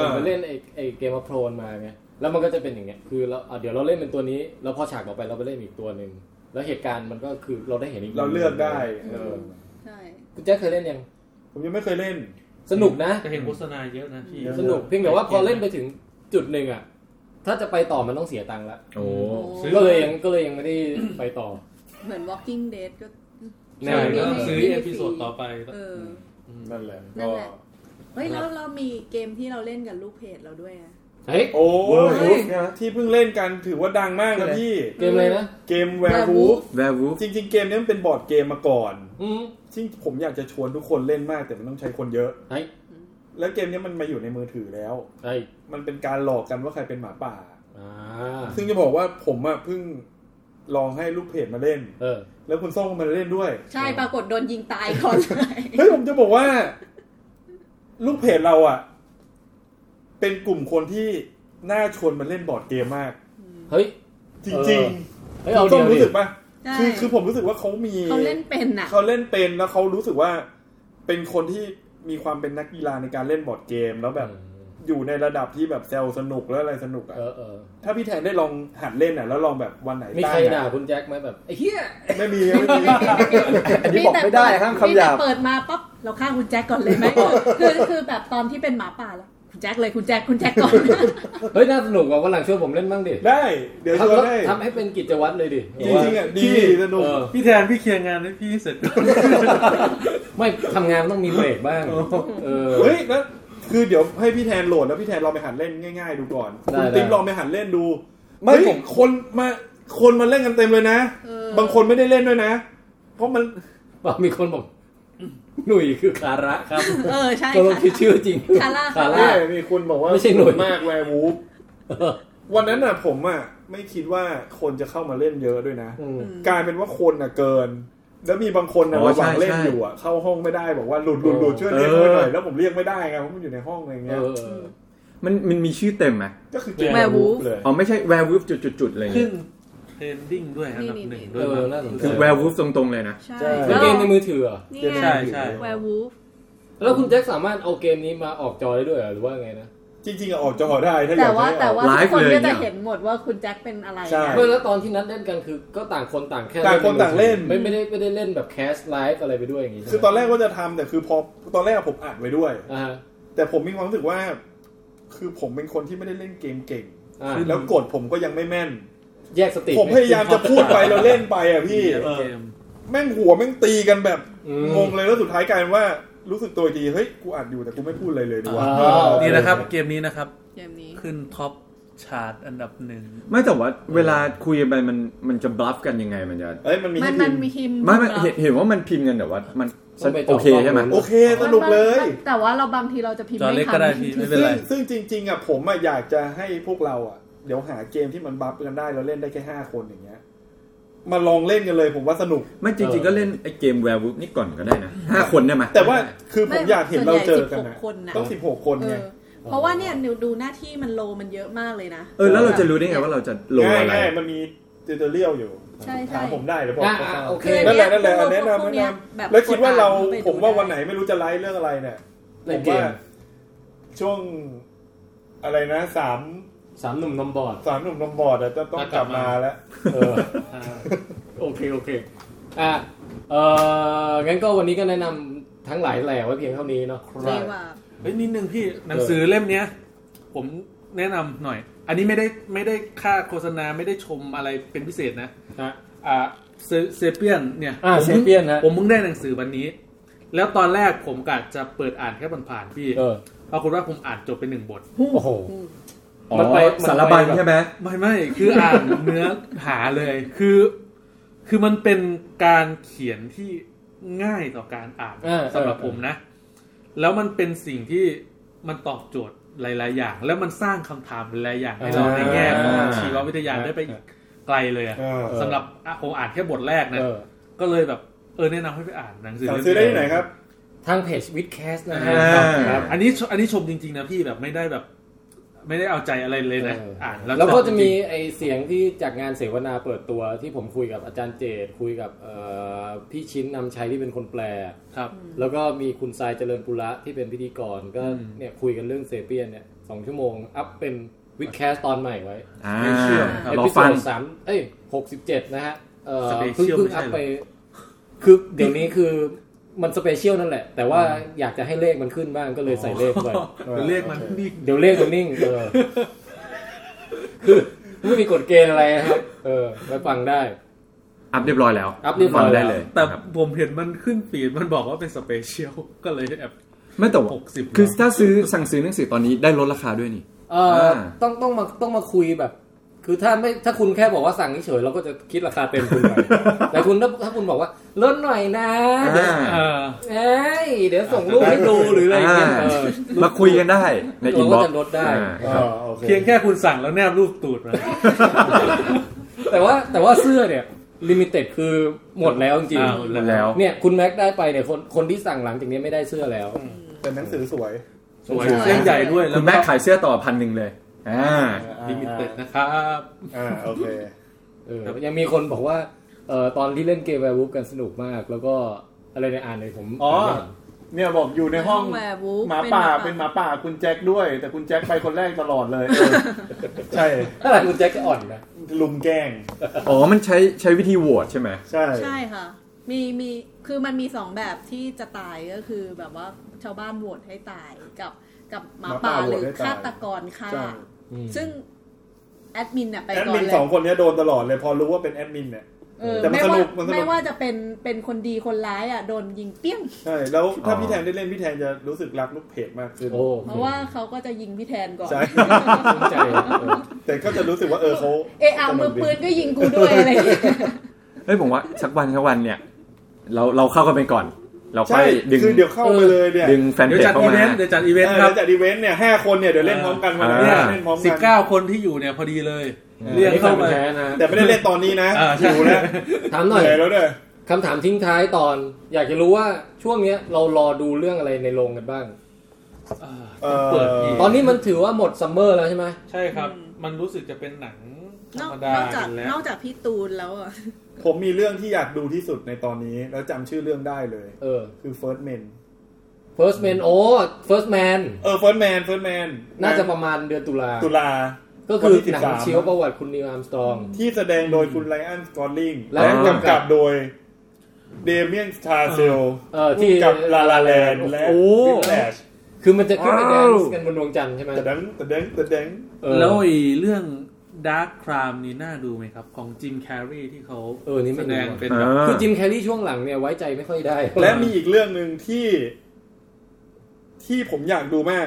Speaker 3: ผมไปเล่นไอ้ไอ้เกมอัพโพลนมาไงแล้วมันก็จะเป็นอย่างเงี้ยคือเราอ่ะเดี๋ยวเราเล่นเป็นตัวนี้ แล้วพอฉากต่อไปเราไปเล่นอีกตัวหนึ่งแล้วเหตุการณ์มันก็คือเราได้เห็นอีก
Speaker 6: เราเลือกได้
Speaker 5: เอ
Speaker 6: เอ
Speaker 5: อ
Speaker 6: อ
Speaker 5: ใช่
Speaker 3: คุณแจ็คเคยเล่นยัง
Speaker 6: ผมยังไม่เคยเล่น
Speaker 3: สนุกนะ
Speaker 2: จะเห็นโฆษณาเยอะนะพี่
Speaker 3: สนุกเพียงแต่ว่าพอเล่นไปถึงจุดหนึ่งอ่ะ ถ้าจะไปต่อมันต้องเสียตังค์ละ
Speaker 4: โอ้
Speaker 5: โอ้
Speaker 3: ก็เลยยังก็เลยยังไม่ได้ ไปต่อ
Speaker 5: เหมือน Walking Dead ก็
Speaker 3: แน
Speaker 2: ใช่
Speaker 3: ว
Speaker 2: ก็
Speaker 3: นี้
Speaker 2: ซื้อเอพิโซดต่อไป
Speaker 5: เออ
Speaker 6: นั่นแหละ
Speaker 5: นั่นแหละ เฮ้ย แล้วเรามีเกมที่เราเล่นกับลูกเพจเราด้วยนะ
Speaker 3: เฮ้ย
Speaker 6: โอ้
Speaker 5: เวิร์ค
Speaker 6: ที่เพิ่งเล่นกันถือว่าดังมากนะพี่
Speaker 3: เกมอะไรนะ
Speaker 6: เกมแวร์วูฟ
Speaker 4: แวร์วูฟ
Speaker 6: จริงๆ เกมนี้มันเป็นบอร์ดเกมมาก่อน
Speaker 3: อืม
Speaker 6: ซึ่งผมอยากจะชวนทุกคนเล่นมากแต่มันต้องใช้คนเยอะ
Speaker 3: เฮ้ย
Speaker 6: แล้วเกมนี้มันมาอยู่ในมือถือแล้ว
Speaker 3: เฮ้ย
Speaker 6: มันเป็นการหลอกกันว่าใครเป็นหมาป่า
Speaker 3: อ่า
Speaker 6: ซึ่งจะบอกว่าผมอะเพิ่งลองให้ลูกเพจมาเล่น
Speaker 3: เออ
Speaker 6: แล้วคุณส้มก็มาเล่นด้วย
Speaker 5: ใช่ ปรากฏโดนยิงตาย ก่อนเลย
Speaker 6: เฮ้ยผมจะบอกว่า ลูกเพจเราอะเป็นกลุ่มคนที่น่าชวนมาเล่นบอร์ดเกมมาก
Speaker 3: เฮ้ย
Speaker 6: จ
Speaker 3: เอ
Speaker 6: ริง
Speaker 3: อ
Speaker 6: ๆ
Speaker 3: เฮ้ยเอา
Speaker 6: คุ
Speaker 3: เดี
Speaker 6: ณ
Speaker 3: ยว
Speaker 6: ส้ม
Speaker 3: ดิ
Speaker 6: รู้สึกปะ
Speaker 5: ใช่
Speaker 6: คือคือผมรู้สึกว่าเขามี
Speaker 5: เขาเล่นเป็นอ่ะ
Speaker 6: เขาเล่นเป็นแล้วเขารู้สึกว่าเป็นคนที่มีความเป็นนักกีฬาในการเล่นบอร์ดเกม แล้วแบบอยู่ในระดับที่แบบแซลสนุกแล้วอะไรสนุกอะ
Speaker 3: เออเออ
Speaker 6: ถ้าพี่แทนได้ลองหัดเล่นอ่ะ แล้วลองแบบวันไหน
Speaker 3: มีใคร
Speaker 6: ง
Speaker 3: ด่า
Speaker 6: อะ
Speaker 3: คุณแจ็คไหมแบบไอ้เหี้ย
Speaker 6: ไม่มีไม่มี
Speaker 4: อันนี้บอกไม่ได้ห้ามคำหยาบ
Speaker 5: แต่เปิดมาปั๊บเราฆ่าคุณแจ็คก่อนเลยไหม คือคือแบบตอนที่เป็นหมาป่าแล้วคุณแจ็คเลยคุณแจ็คคุณแจ็คก่อน
Speaker 3: เฮ้ยน่าสนุกว่ะวันหลังชวนผมเล่นบ้างดิ
Speaker 6: ได้ เดี๋ยวชวน
Speaker 3: ทำ
Speaker 6: ได้
Speaker 3: ทำให้เป็นกิจวัตรเลยดิ
Speaker 6: จริงๆอ่ะดีสนุก
Speaker 3: เอ อ
Speaker 2: พี่แทนพี่เคลียร์งานให้พี่เสร็จ
Speaker 3: ไม่ทำงานต้องมีเบรกบ้างเออ
Speaker 6: เฮ้ยแล้วคือเดี๋ยวให้พี่แทนโหลดแล้วพี่แทนลองไปหัดเล่นง่าย ๆ ดูก่อน
Speaker 3: ได้
Speaker 6: คุณ
Speaker 3: ได้
Speaker 6: ติ๊มลองไปหัดเล่นดู
Speaker 4: ไม่
Speaker 6: เฮ้ย
Speaker 4: ผม
Speaker 6: คนมา คนมาเล่นกันเต็มเลยนะ
Speaker 11: เออ
Speaker 6: บางคนไม่ได้เล่นด้วยนะ เพราะมัน
Speaker 12: บอกมีคนบอกหนุ่ยคือคาระครับ
Speaker 5: เออใช่
Speaker 12: ก็ลอง
Speaker 5: ค่ะ
Speaker 12: คิดชื่อจริง
Speaker 5: คาระ
Speaker 12: คาระ
Speaker 6: ใช่มีคุณบอกว่า
Speaker 12: ไม่ใช่หน่วย
Speaker 6: มากแวร์วูฟวันนั้นน่ะผมอ่ะไม่คิดว่าคนจะเข้ามาเล่นเยอะด้วยนะ
Speaker 12: อืม
Speaker 6: กลายเป็นว่าคนน่ะเกิน แล้วมีบางคนน่ะ
Speaker 4: อ๋อ
Speaker 6: ระหว่าง
Speaker 4: ใช่
Speaker 6: เล่น
Speaker 4: ใช่
Speaker 6: อยู่อ่ะเข้าห้องไม่ได้บอกว่าหลุดหลุดหลุดช่วยเรียกหน่อยแล้วผมเรียกไม่ได้ไงเพราะมันอยู่ในห้องอะไร
Speaker 12: เอ
Speaker 6: เงี้ย
Speaker 12: อเออ
Speaker 4: มันมันมีชื่อเต็มไหม
Speaker 6: ก็คือเกม
Speaker 5: Werewolf
Speaker 6: เลย
Speaker 4: อ๋อไม่ใช่แวร์วูฟจุดๆๆอะไร
Speaker 2: ขึ้
Speaker 4: เงี้
Speaker 2: น
Speaker 4: ย
Speaker 2: เทรนดิ้งด้วยอันดับหนึ่งด้วย
Speaker 12: เออน่าสนใจ
Speaker 4: คือแวร์วูฟตรงๆเลยนะ
Speaker 5: ใช่
Speaker 6: ใช่
Speaker 12: เป็นเกมในมือถือเหรอ
Speaker 5: นี่
Speaker 6: เกม
Speaker 5: ไง
Speaker 6: ใน
Speaker 2: ใช่
Speaker 6: มือถือ
Speaker 2: ใช่
Speaker 5: แวร์วูฟ
Speaker 3: แล้วคุณแจ็คสามารถเอาเกมนี้มาออกจอได้ด้วยเหรอหรือว่าไงนะ
Speaker 6: จริงๆอะออกจอได้ถ้าอ
Speaker 11: แต่
Speaker 6: ยาก
Speaker 11: ว่า
Speaker 6: ให้อ
Speaker 11: แต่
Speaker 6: อก
Speaker 11: ว่า
Speaker 4: ไล
Speaker 11: ทุก
Speaker 4: ฟ์
Speaker 11: คน
Speaker 4: เลย
Speaker 11: ก็
Speaker 4: เนี่
Speaker 11: จะ
Speaker 4: ย
Speaker 11: เห็นหมดว่าคุณแจ็คเป็นอะไร
Speaker 6: ใช่
Speaker 11: นะ
Speaker 3: ไม่แล้วตอนที่นัดเล่นกันคือก็ต่างคนต่างแค่
Speaker 6: ต่างคนต่างเล่น
Speaker 3: ไม่ไม่ได้ไม่ได้เล่นแบบแคสไลฟ์อะไรไปด้วยอย่างงี้ใช่ไหม
Speaker 6: คือตอนแรกก็จะทำแต่คือพอตอนแรกผมอัดไว้ด้วย
Speaker 3: อ่าฮะ
Speaker 6: แต่ผมมีความรู้สึกว่า คือผมเป็นคนที่ไม่ได้เล่นเกมเก่ง
Speaker 3: อ่า
Speaker 6: แล้วกดผมก็ยังไม่แม่น
Speaker 3: แยกสติ
Speaker 6: ผมพยายามจะพูดไปแล้วเล่นไปอ่ะพี่
Speaker 2: เกม
Speaker 6: แม่งหัวแม่งตีกันแบบ
Speaker 3: อืม
Speaker 6: งงเลยแล้วสุดท้ายกลายเป็นว่ารู้สึกตัวอีกทีเฮ้ยกูอัดอยู่แต่กูไม่พูดอะไรเลยดีกว่า
Speaker 3: อ่า
Speaker 2: นี่นะครับเกมนี้นะครับ
Speaker 5: เกมนี้
Speaker 2: ขึ้นท็อปชาร์ตอันดับหนึ่ง
Speaker 4: ไม่แต่ว่าเวลาคุยกันไปมันมันจะบลัฟกันยังไงมันจะ
Speaker 6: เอ้ยมันมี
Speaker 5: มัน
Speaker 6: ให้
Speaker 5: มัน
Speaker 6: พิ
Speaker 5: มี
Speaker 6: พ์
Speaker 5: ทีม
Speaker 4: ไม่ไม่เห็นเห็นว่ามันพิมพ์กันแต่ว่ามัน
Speaker 3: ต้องไปต่อ
Speaker 4: โอเคใช่ไหม
Speaker 3: ข้อมูล
Speaker 6: โอเคสนุกเลย
Speaker 5: มันแต่ว่าเราบางทีเราจะพิมพ์
Speaker 2: จอ
Speaker 5: ไม่
Speaker 2: เล็ก
Speaker 5: ทั
Speaker 2: ก็
Speaker 5: น
Speaker 2: ได้พี่ไม่เป็น
Speaker 6: ซึ่ง
Speaker 2: ไร
Speaker 6: ซึ่งจริง ๆอ่ะผมอ่ะอยากจะให้พวกเราอ่ะเดี๋ยวหาเกมที่มันบัฟกันได้แล้วเล่นได้แค่ห้าคนอย่างเงี้ยมาลองเล่นกันเลยผมว่าสนุก
Speaker 4: ไม่จริง ๆ ก็เล่นไอ้เกมแวร์วูฟนี่ก่อนก็ได้นะห้าคนได้ไหม
Speaker 6: แต่ว่าคือผ
Speaker 5: ไม่
Speaker 6: มอยากเห็นเราเจอกัน
Speaker 5: ส่วนใหญ่
Speaker 6: นะ
Speaker 5: 16คนนะ
Speaker 6: ต้องสิบหกคน
Speaker 5: เอ
Speaker 6: ไง
Speaker 5: อเพราะว่าเนี่ยดูดูหน้าที่มันโลมันเยอะมากเลยนะ
Speaker 4: เออแล้วเราจะรู้ได้ไงว่าเราจะลง
Speaker 6: ง่าย
Speaker 4: อะไร
Speaker 6: ง่ายมันมีติวเตอเรียลอยู่
Speaker 5: ใช่
Speaker 6: ถา
Speaker 5: ใช่
Speaker 6: มผมได้เดี๋ยวบอก
Speaker 3: อ่า
Speaker 6: เขา
Speaker 3: อ่า
Speaker 6: ตาม
Speaker 3: โอเค
Speaker 5: คือ
Speaker 6: นั่น
Speaker 5: เย
Speaker 6: แหละนั่นแหละแนะ
Speaker 5: พ
Speaker 6: นำ
Speaker 5: วก
Speaker 6: แนะ
Speaker 5: เย
Speaker 6: น
Speaker 5: แบบ
Speaker 6: ำแล้วคิดว่าเรา
Speaker 5: กดอ่น
Speaker 6: ผมว่าวันไหนไม่รู้จะไลฟ์เรื่องอะไรเนี่ยผ
Speaker 3: เล่น
Speaker 6: ม
Speaker 3: เก
Speaker 6: ว่าม ช่วงอะไรนะสาม
Speaker 3: สามหนุ่มนมบอด
Speaker 6: สามหนุ่มนมบอดอะจะต้องกลับมาแล้ว
Speaker 3: เออโอเค โอเค อ่ะเอองั้นก็วันนี้ก็แนะนำทั้งหลายแหล่ไว้เพียงเท่านี้เนาะ
Speaker 5: ดีกว่า
Speaker 2: เฮ้ยนิดนึงพี่หนังสือเล่มเนี้ย ผมแนะนำหน่อย อันนี้ไม่ได้ไม่ได้ค่าโฆษณาไม่ได้ชมอะไรเป็นพิเศษนะ
Speaker 3: ฮะ
Speaker 2: อ่าเซเปียนเนี่ย
Speaker 3: อ่า
Speaker 2: ผมพิ่ง
Speaker 3: Sapien ฮะ
Speaker 2: ผมเพิ่งได้หนังสือวันนี้ แล้วตอนแรกผมกะจะเปิดอ่านแค่ผ่านๆพี่
Speaker 3: เออ
Speaker 2: ปรากฏว่าผมอ่านจบไปหนึ่งบท
Speaker 3: โอ้โห
Speaker 4: อ๋อ
Speaker 3: มันไปมันไป
Speaker 4: สารบัญใช่ไหม
Speaker 2: ไม่ไม่คืออ่าน เนื้อหาเลยคือ คือมันเป็นการเขียนที่ง่ายต่อการอ่าน
Speaker 3: เออ
Speaker 2: สำหรับ
Speaker 3: เออ
Speaker 2: ผมนะ แล้วมันเป็นสิ่งที่มันตอบโจทย์หลาย ๆ อย่าง แล้วมันสร้างคำถามหลายๆอย่างให้เราในแง่ของ
Speaker 4: อ่า
Speaker 2: ชีววิทยาได้ไปอีกไกลเลยอะ
Speaker 6: เออ
Speaker 2: สำหรับอ่ะผมอ่านแค่บทแรกนะ
Speaker 3: เออ
Speaker 2: ก็เลยแบบเออแนะนำให้ไปอ่านหนังสือ
Speaker 6: สั่งซื้อได้ที่ไหนครับ
Speaker 3: ทางเพจวิดแคสนะฮะ
Speaker 4: อ่า
Speaker 2: ครับ อันนี้ชอันนี้ชมจริง ๆ นะพี่แบบไม่ได้แบบ ไม่ได้เอาใจอะไรเลยนะ
Speaker 3: เอออ่
Speaker 2: อ่าน
Speaker 3: แล้วก็
Speaker 2: อบ
Speaker 3: จะมี
Speaker 2: ริง
Speaker 3: ไอเสียงที่จากงานเสวนาเปิดตัวที่ผมคุยกับอาจารย์เจตคุยกับเอ่อพี่ชิ้นนำชัยที่เป็นคนแปล
Speaker 2: ๆครับ
Speaker 3: แล้วก็มีคุณทรายเจริญปุระที่เป็นพิธีกรก็
Speaker 2: อืม
Speaker 3: เนี่ยคุยกันเรื่องเซเปียนเนี่ยสองชั่วโมง อัพเป็นวิดแคสตอนใหม่ไว้
Speaker 4: อ่า
Speaker 2: ไม่เชื่อครับ
Speaker 3: เอ
Speaker 4: รอ
Speaker 3: พิโซ
Speaker 4: ฟัง
Speaker 3: ดสามเอ้ยหกสิบเจ็ดนะฮะ เอ่อ
Speaker 2: Special
Speaker 3: เพิ่งเพิ่ง
Speaker 2: ไม่ใช่
Speaker 3: อัพ
Speaker 2: เหรอ
Speaker 3: ไป คือเดี๋ยวนี้คือมันสเปเชียลนั่นแหละ แต่ว่าอยากจะให้เลขมันขึ้นบ้างก็เลยใส่เลขไป
Speaker 2: เรียกมันนี่
Speaker 3: เดี๋ยวเลขมันนิ่ง เออ คือไม่มีกฎเกณฑ์อะไรนะครับ เออไปฟังได้
Speaker 4: อัพเรียบร้อยแล้ว
Speaker 3: อัพเรียบร้
Speaker 4: ฟั
Speaker 3: อง ยแล้ว
Speaker 4: ได้เลย
Speaker 2: แต่
Speaker 4: ครับ
Speaker 2: ผมเห็นมันขึ้นฟีดมันบอกว่าเป็นสเปเชียล ก็เลยแอบ
Speaker 4: ไม่แต่ว่า
Speaker 2: หกสิบ
Speaker 4: คือถ้าซื้อสั่งซื้อหนังสือตอนนี้ได้ลดราคาด้วยนี่
Speaker 3: เอออา ต้องต้องมาต้องมาคุยแบบ คือถ้าไม่ถ้าคุณแค่บอกว่าสั่งเฉยๆเราก็จะคิดราคาเต็มคุณไปแต่คุณถ้าถ้าคุณบอกว่าลดหน่อยนะเดี๋ยว
Speaker 4: อ่า
Speaker 2: เออ
Speaker 3: เอ้ยเดี๋ยวส่งรูปให้ดูหรืออะไรอย่างเงี้ยเออ
Speaker 4: มาคุยกันได้ใน
Speaker 3: เราก็
Speaker 4: อินบ็อก
Speaker 3: จะลดได้
Speaker 6: อ่าโอเค
Speaker 2: เพียงแค่คุณสั่งแล้วแนบรูปตูดมา
Speaker 3: แต่ว่าแต่ว่าเสื้อเนี่ยลิมิเต็ดคือหมดแล้วจริง
Speaker 2: อ่าหมด
Speaker 4: แล้ว
Speaker 3: ๆเนี่ยคุณแม็กได้ไปเนี่ยคนคนที่สั่งหลังจากนี้ไม่ได้เสื้อแล้ว
Speaker 6: แต่หนังสือสวย
Speaker 2: สวยเส้นใหญ่ด้วย
Speaker 4: คุณแม่ขายเสื้อต่อพันหนึ่งเลย อ่า
Speaker 2: ลิมิเต็ดนะครับ
Speaker 6: อ่าโอเค
Speaker 3: เออยังมีคนบอกว่าเออตอนที่เล่นเกมแวร์วูฟกันสนุกมมาก แล้วก็อะไรในยอ่านเลยผม
Speaker 6: อ๋อ
Speaker 3: านไม่ทัน
Speaker 6: เนี่ยบอกอยู่ในห้อง
Speaker 5: แวร์วูฟ
Speaker 6: หมาป่าเป็นหมาป่าคุณแจ็คด้วย แต่คุณแจ็คไปคนแรกตลอดเลย ใช่
Speaker 3: ถ้าหลังคุณแจ็คจะอ่อนนะ
Speaker 6: ลุมแกล้ง
Speaker 4: อ๋อ มันใช้ใช้วิธีโหวตใช่ไหม
Speaker 6: ใช่
Speaker 5: ใช่ค่ะ มีมีคือมันมีสองแบบที่จะตายก็คือแบบว่าชาวบ้านโหวตให้ตายกับกับหมาป่าหรือฆาตกรฆ่า
Speaker 6: ใช่
Speaker 3: อืม
Speaker 5: ซึ่งแอดมินน่ะไป
Speaker 6: แอด
Speaker 5: ก่อ
Speaker 6: มิ
Speaker 5: น
Speaker 6: น
Speaker 5: เล
Speaker 6: ส
Speaker 5: ย
Speaker 6: องคนเนี้ยโดนตลอดเลย พอรู้ว่าเป็นแอดมินเนี่ย
Speaker 5: เออ
Speaker 6: แต่มัน
Speaker 5: ไม่
Speaker 6: ส
Speaker 5: ว่า
Speaker 6: นุกมันสนุก
Speaker 5: ไม่ว่าจะเป็นเป็นคนดีคนร้ายอ่ะโดนยิงเปี้ยง
Speaker 6: ใช่แล้วถ้า
Speaker 4: อ๋อ
Speaker 6: พี่แทนได้เล่นพี่แทนจะรู้สึกรักลูกเพจมากขึ้น
Speaker 3: โอ้
Speaker 5: เพราะว่าเขาก็จะยิงพี่แทนก่อน
Speaker 6: ใช่
Speaker 3: ใจเออ
Speaker 6: แต่ก็จะรู้สึกว่าเออเขา
Speaker 5: เอะอ่ะมือปืนก็ยิงกูด้วยอะไรอย่างเงี้ย
Speaker 4: เฮ้ยผมว่าสักวันสักวันเนี่ย เราเราเข้ากันไปก่อน เราค่
Speaker 6: ใช่
Speaker 4: อยดึง
Speaker 6: คือเดี๋ยวเข้าไปเลยเนี่ย
Speaker 4: ดึงแฟน
Speaker 2: เดี๋ย
Speaker 4: เพ
Speaker 2: ว
Speaker 4: จ
Speaker 2: จัด
Speaker 4: เข้า
Speaker 2: อีเว
Speaker 4: มา
Speaker 2: นต์เดี๋ยวจัดอีเว
Speaker 6: เอน
Speaker 2: ต์
Speaker 6: อ
Speaker 2: ครับ
Speaker 6: แล้วจากอีเวนต์เนี่ยห้าคนเนี่ยเดี๋ยวเล่นพร้อมกันวันนี้
Speaker 4: อ่า
Speaker 6: เล่นพร้อม
Speaker 2: สิ
Speaker 6: กับ น
Speaker 2: เก้าคนที่อยู่เนี่ยพอดีเลย เรียก
Speaker 3: อันนี้
Speaker 2: เข้า
Speaker 3: แฟน
Speaker 2: มา
Speaker 3: พันธุ์แท้นะ
Speaker 6: แต่ไม่ได้เล่นตอนนี้นะ
Speaker 2: อ่าใช่
Speaker 6: อยู่นะ
Speaker 3: ถามหน่อย
Speaker 6: เหนื่อยแล้วเนี่ย
Speaker 3: คำถามทิ้งท้ายตอน อยากจะรู้ว่าช่วงเนี้ยเรารอดูเรื่องอะไรในโรงกันบ้าง
Speaker 2: อ่า
Speaker 6: เออ
Speaker 2: เปิดอีก
Speaker 3: ตอนนี้มันถือว่าหมดซัมเมอร์แล้วใช่ไหม
Speaker 2: ใช่ครับ มันรู้สึกจะเป็นหนังธ
Speaker 5: น
Speaker 2: ร
Speaker 5: อ
Speaker 2: ร
Speaker 5: ก
Speaker 2: มดาน
Speaker 5: อกจาก
Speaker 2: แล้
Speaker 5: น
Speaker 2: ว
Speaker 5: อกจากพี่ตูนแล้วอ่ะ
Speaker 6: ผมมีเรื่องที่อยากดูที่สุดในตอนนี้ แล้วจำชื่อเรื่องได้เลย
Speaker 3: เออ
Speaker 6: คือ First Man
Speaker 3: first man โอ้ first man
Speaker 6: เออ First Man First Man
Speaker 3: น่าจะประมาณเดือนตุลา
Speaker 6: ตุลา
Speaker 3: ก็คือ
Speaker 6: วันที่
Speaker 3: หนัง
Speaker 6: 13
Speaker 3: ชีวประวัติคุณนิวอาร์มสตรอง
Speaker 6: ที่แสดงโดยคุณไลอ n นสกอร์ลิง
Speaker 3: และ
Speaker 6: และกำกับโดยเดเมียนชาเซล
Speaker 3: เออที่
Speaker 6: กับลาลาแลนและ
Speaker 4: โอ้
Speaker 6: วิกแลช
Speaker 3: คือมันจะขึ้นไปแดนซ์
Speaker 4: ว้าว
Speaker 3: กันบนดวงจันทร์ใช่ไหม
Speaker 6: แต่ดังแต่ดังแต่ดัง
Speaker 3: เออ
Speaker 2: แล้วไอ้เรื่องดาร์คครามนี่น่าดูไหมครับ ของจิมแคร์รีที่เขา
Speaker 3: เออนี่ไม่
Speaker 2: แส
Speaker 3: ดู
Speaker 2: ดงเป็น
Speaker 4: เอ
Speaker 2: แบบ
Speaker 4: อ
Speaker 3: คือจิมแคร์รีช่วงหลังเนี่ยไว้ใจไม่ค่อยได้
Speaker 6: และมีอีกเรื่องหนึ่งที่ ที่ผมอยากดูมาก